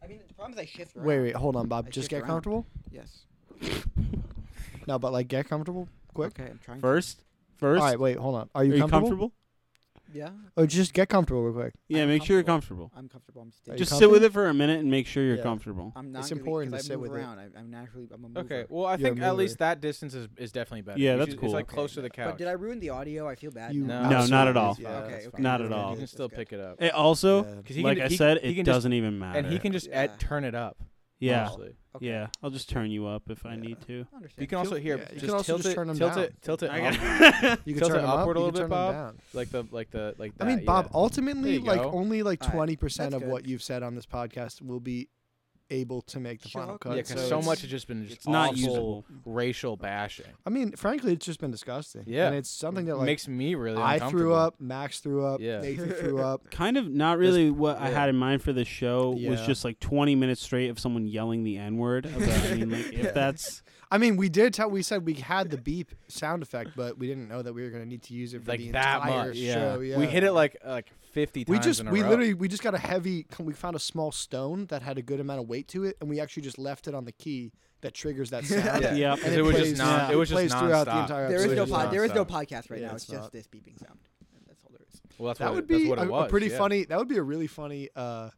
[SPEAKER 19] I mean, the problem is I shift.
[SPEAKER 2] Wait,
[SPEAKER 19] around.
[SPEAKER 2] wait, hold on, Bob.
[SPEAKER 19] I
[SPEAKER 2] Just
[SPEAKER 19] shift
[SPEAKER 2] get
[SPEAKER 19] around.
[SPEAKER 2] comfortable.
[SPEAKER 19] Yes.
[SPEAKER 2] No, but like get comfortable quick.
[SPEAKER 19] Okay, I'm trying.
[SPEAKER 3] first. First,
[SPEAKER 2] All right, wait, hold on. Are
[SPEAKER 3] are
[SPEAKER 2] you
[SPEAKER 3] you
[SPEAKER 2] comfortable?
[SPEAKER 3] comfortable?
[SPEAKER 19] Yeah,
[SPEAKER 2] Oh, just get comfortable real quick.
[SPEAKER 3] Yeah,
[SPEAKER 19] I'm
[SPEAKER 3] make sure you're
[SPEAKER 19] comfortable.
[SPEAKER 3] comfortable.
[SPEAKER 19] I'm comfortable. I'm
[SPEAKER 2] Are
[SPEAKER 19] staying.
[SPEAKER 2] you
[SPEAKER 3] Just sit
[SPEAKER 2] comfortable?
[SPEAKER 3] with it for a minute and make sure you're
[SPEAKER 2] Yeah.
[SPEAKER 3] comfortable.
[SPEAKER 19] I'm not.
[SPEAKER 2] It's
[SPEAKER 19] gonna be-
[SPEAKER 2] important
[SPEAKER 19] 'cause
[SPEAKER 2] to sit
[SPEAKER 19] I move
[SPEAKER 2] with it.
[SPEAKER 19] around. I, I'm naturally. I'm a mover.
[SPEAKER 4] Okay, well, I
[SPEAKER 2] You're a
[SPEAKER 4] think at
[SPEAKER 2] mover.
[SPEAKER 4] least that distance is, is definitely better.
[SPEAKER 3] Yeah,
[SPEAKER 4] You
[SPEAKER 3] that's
[SPEAKER 4] should-
[SPEAKER 3] cool.
[SPEAKER 4] It's like
[SPEAKER 19] Okay,
[SPEAKER 4] close to the couch.
[SPEAKER 19] But did I ruin the audio? I feel bad.
[SPEAKER 2] You-
[SPEAKER 4] No,
[SPEAKER 3] No,
[SPEAKER 2] absolutely.
[SPEAKER 3] not at all.
[SPEAKER 2] Yeah,
[SPEAKER 19] Uh, Okay,
[SPEAKER 2] that's
[SPEAKER 19] okay.
[SPEAKER 2] fine.
[SPEAKER 3] Not
[SPEAKER 19] that's
[SPEAKER 3] at
[SPEAKER 19] fine.
[SPEAKER 3] all.
[SPEAKER 4] You can
[SPEAKER 19] That's
[SPEAKER 4] still
[SPEAKER 19] good.
[SPEAKER 4] pick it up.
[SPEAKER 3] It also,
[SPEAKER 2] Yeah.
[SPEAKER 4] 'Cause he can
[SPEAKER 3] like
[SPEAKER 4] ju-
[SPEAKER 3] I
[SPEAKER 4] he-
[SPEAKER 3] said,
[SPEAKER 4] he
[SPEAKER 3] it
[SPEAKER 4] can just-
[SPEAKER 3] doesn't even matter.
[SPEAKER 4] And he can Oh, just
[SPEAKER 19] Yeah.
[SPEAKER 4] add, turn it up.
[SPEAKER 3] yeah,
[SPEAKER 4] honestly.
[SPEAKER 19] Okay.
[SPEAKER 3] yeah. I'll just turn you up if I
[SPEAKER 19] Yeah.
[SPEAKER 3] need to.
[SPEAKER 19] I
[SPEAKER 4] You
[SPEAKER 19] understand.
[SPEAKER 4] can also hear
[SPEAKER 2] yeah, you can
[SPEAKER 4] just
[SPEAKER 2] also
[SPEAKER 4] tilt
[SPEAKER 2] just
[SPEAKER 4] it,
[SPEAKER 2] turn 'em
[SPEAKER 4] tilt
[SPEAKER 2] down.
[SPEAKER 4] it, tilt it,
[SPEAKER 3] I
[SPEAKER 4] up,
[SPEAKER 3] Um,
[SPEAKER 2] You can
[SPEAKER 4] Tilt
[SPEAKER 2] turn
[SPEAKER 4] it
[SPEAKER 2] them up,
[SPEAKER 4] upward a
[SPEAKER 2] you
[SPEAKER 4] little
[SPEAKER 2] can
[SPEAKER 4] bit,
[SPEAKER 2] turn them
[SPEAKER 4] Bob.
[SPEAKER 2] down.
[SPEAKER 4] like the like the like that.
[SPEAKER 2] I mean,
[SPEAKER 4] yeah.
[SPEAKER 2] Bob,
[SPEAKER 4] There
[SPEAKER 2] ultimately,
[SPEAKER 4] you
[SPEAKER 2] like
[SPEAKER 4] go.
[SPEAKER 2] only like
[SPEAKER 19] All right,
[SPEAKER 2] twenty percent
[SPEAKER 19] that's
[SPEAKER 2] of what
[SPEAKER 19] good.
[SPEAKER 2] you've said on this podcast will be able to make the final
[SPEAKER 19] Sure.
[SPEAKER 2] cut.
[SPEAKER 4] Yeah,
[SPEAKER 19] so
[SPEAKER 4] because so
[SPEAKER 2] it's-
[SPEAKER 4] much has just been just
[SPEAKER 3] It's not
[SPEAKER 4] awful
[SPEAKER 3] usable.
[SPEAKER 4] racial bashing.
[SPEAKER 2] I mean, frankly, it's just been disgusting.
[SPEAKER 4] Yeah.
[SPEAKER 2] and it's something that like
[SPEAKER 4] Makes me really.
[SPEAKER 2] I threw
[SPEAKER 4] uncomfortable.
[SPEAKER 2] up, Max threw up,
[SPEAKER 4] Yeah.
[SPEAKER 2] Nathan threw up.
[SPEAKER 3] Kind of not really what I
[SPEAKER 4] yeah.
[SPEAKER 3] had in mind for this show was
[SPEAKER 2] Yeah.
[SPEAKER 3] just like 20 minutes straight of someone yelling the N word. I mean, like, if that's
[SPEAKER 2] I mean, we did tell we said we had the beep sound effect, but we didn't know that we were going to need to use it for
[SPEAKER 4] like
[SPEAKER 2] the
[SPEAKER 4] that
[SPEAKER 2] entire
[SPEAKER 4] much.
[SPEAKER 2] show. Yeah,
[SPEAKER 4] we hit it like like fifty
[SPEAKER 2] we
[SPEAKER 4] times
[SPEAKER 2] just
[SPEAKER 4] in a
[SPEAKER 2] we
[SPEAKER 4] row.
[SPEAKER 2] literally we just got a heavy we found a small stone that had a good amount of weight to it and we actually just left it on the key that triggers that sound
[SPEAKER 4] Yeah. Yeah, 'cause
[SPEAKER 2] and
[SPEAKER 4] it was just
[SPEAKER 2] plays-
[SPEAKER 4] non- it was just
[SPEAKER 2] plays throughout the
[SPEAKER 4] nonstop.
[SPEAKER 2] entire
[SPEAKER 1] There is
[SPEAKER 2] episode.
[SPEAKER 1] no pod, there is no podcast right
[SPEAKER 2] Yeah,
[SPEAKER 1] now.
[SPEAKER 2] it's
[SPEAKER 1] It's just
[SPEAKER 2] not.
[SPEAKER 1] this beeping sound. That's all there is.
[SPEAKER 4] Well, that's
[SPEAKER 2] that
[SPEAKER 4] what
[SPEAKER 2] would
[SPEAKER 4] it- that's
[SPEAKER 2] be
[SPEAKER 4] what it
[SPEAKER 2] a, a
[SPEAKER 4] was,
[SPEAKER 2] pretty
[SPEAKER 4] yeah.
[SPEAKER 2] funny that would be a really funny uh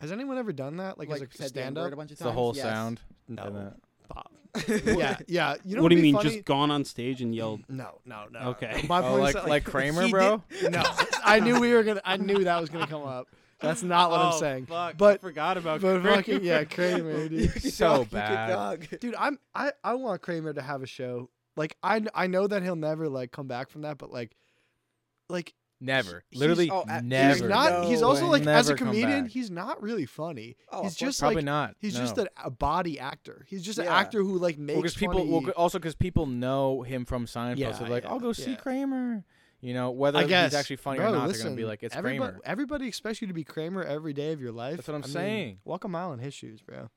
[SPEAKER 2] has anyone ever done that like,
[SPEAKER 1] Like,
[SPEAKER 2] as a
[SPEAKER 1] said the
[SPEAKER 2] stand
[SPEAKER 1] N-word
[SPEAKER 2] up
[SPEAKER 1] a bunch of
[SPEAKER 4] the whole
[SPEAKER 1] Yes.
[SPEAKER 4] sound. and
[SPEAKER 2] no
[SPEAKER 4] that.
[SPEAKER 2] Bob. yeah yeah you know
[SPEAKER 3] what do
[SPEAKER 2] what'd
[SPEAKER 3] you
[SPEAKER 2] be
[SPEAKER 3] mean?
[SPEAKER 2] funny?
[SPEAKER 3] Just gone on stage and yelled?
[SPEAKER 2] No, no, no.
[SPEAKER 3] Okay.
[SPEAKER 2] My
[SPEAKER 4] Oh,
[SPEAKER 2] point
[SPEAKER 4] like-
[SPEAKER 2] is that,
[SPEAKER 4] like Kramer,
[SPEAKER 2] he
[SPEAKER 4] bro?
[SPEAKER 2] did- no, I knew we were gonna. I knew that was gonna come up. That's not what
[SPEAKER 3] Oh,
[SPEAKER 2] I'm saying.
[SPEAKER 3] fuck, I
[SPEAKER 2] but
[SPEAKER 3] forgot about
[SPEAKER 2] but
[SPEAKER 3] Kramer.
[SPEAKER 2] fucking yeah, Kramer, dude.
[SPEAKER 4] So
[SPEAKER 1] You
[SPEAKER 4] bad.
[SPEAKER 1] dog.
[SPEAKER 2] dude, I'm I I want Kramer to have a show. Like I kn- I know that he'll never like come back from that, but like like
[SPEAKER 4] Never.
[SPEAKER 2] He's-
[SPEAKER 4] Literally
[SPEAKER 1] oh, a-
[SPEAKER 4] never.
[SPEAKER 2] he's not.
[SPEAKER 1] No
[SPEAKER 2] he's also
[SPEAKER 1] way.
[SPEAKER 2] like as a
[SPEAKER 4] Never come
[SPEAKER 2] comedian,
[SPEAKER 4] back.
[SPEAKER 2] he's not really funny.
[SPEAKER 1] Oh,
[SPEAKER 2] he's
[SPEAKER 1] of course.
[SPEAKER 2] just
[SPEAKER 4] Probably
[SPEAKER 2] like,
[SPEAKER 4] not.
[SPEAKER 2] He's just
[SPEAKER 4] No.
[SPEAKER 2] a, a body actor. He's just an
[SPEAKER 1] Yeah.
[SPEAKER 2] actor who like makes
[SPEAKER 4] Well, because people,
[SPEAKER 2] funny-
[SPEAKER 4] well, 'cause- also because people know him from Seinfeld,
[SPEAKER 2] Yeah,
[SPEAKER 4] so they're like,
[SPEAKER 2] yeah,
[SPEAKER 4] "I'll go see
[SPEAKER 2] yeah.
[SPEAKER 4] Kramer." You know, whether
[SPEAKER 2] I guess
[SPEAKER 4] he's actually funny
[SPEAKER 2] Bro,
[SPEAKER 4] or not,
[SPEAKER 2] listen,
[SPEAKER 4] they're gonna be like, "It's
[SPEAKER 2] everybody,
[SPEAKER 4] Kramer."
[SPEAKER 2] Everybody expects you to be Kramer every day of your life.
[SPEAKER 4] That's what I'm
[SPEAKER 2] I mean,
[SPEAKER 4] saying.
[SPEAKER 2] walk a mile in his shoes, bro.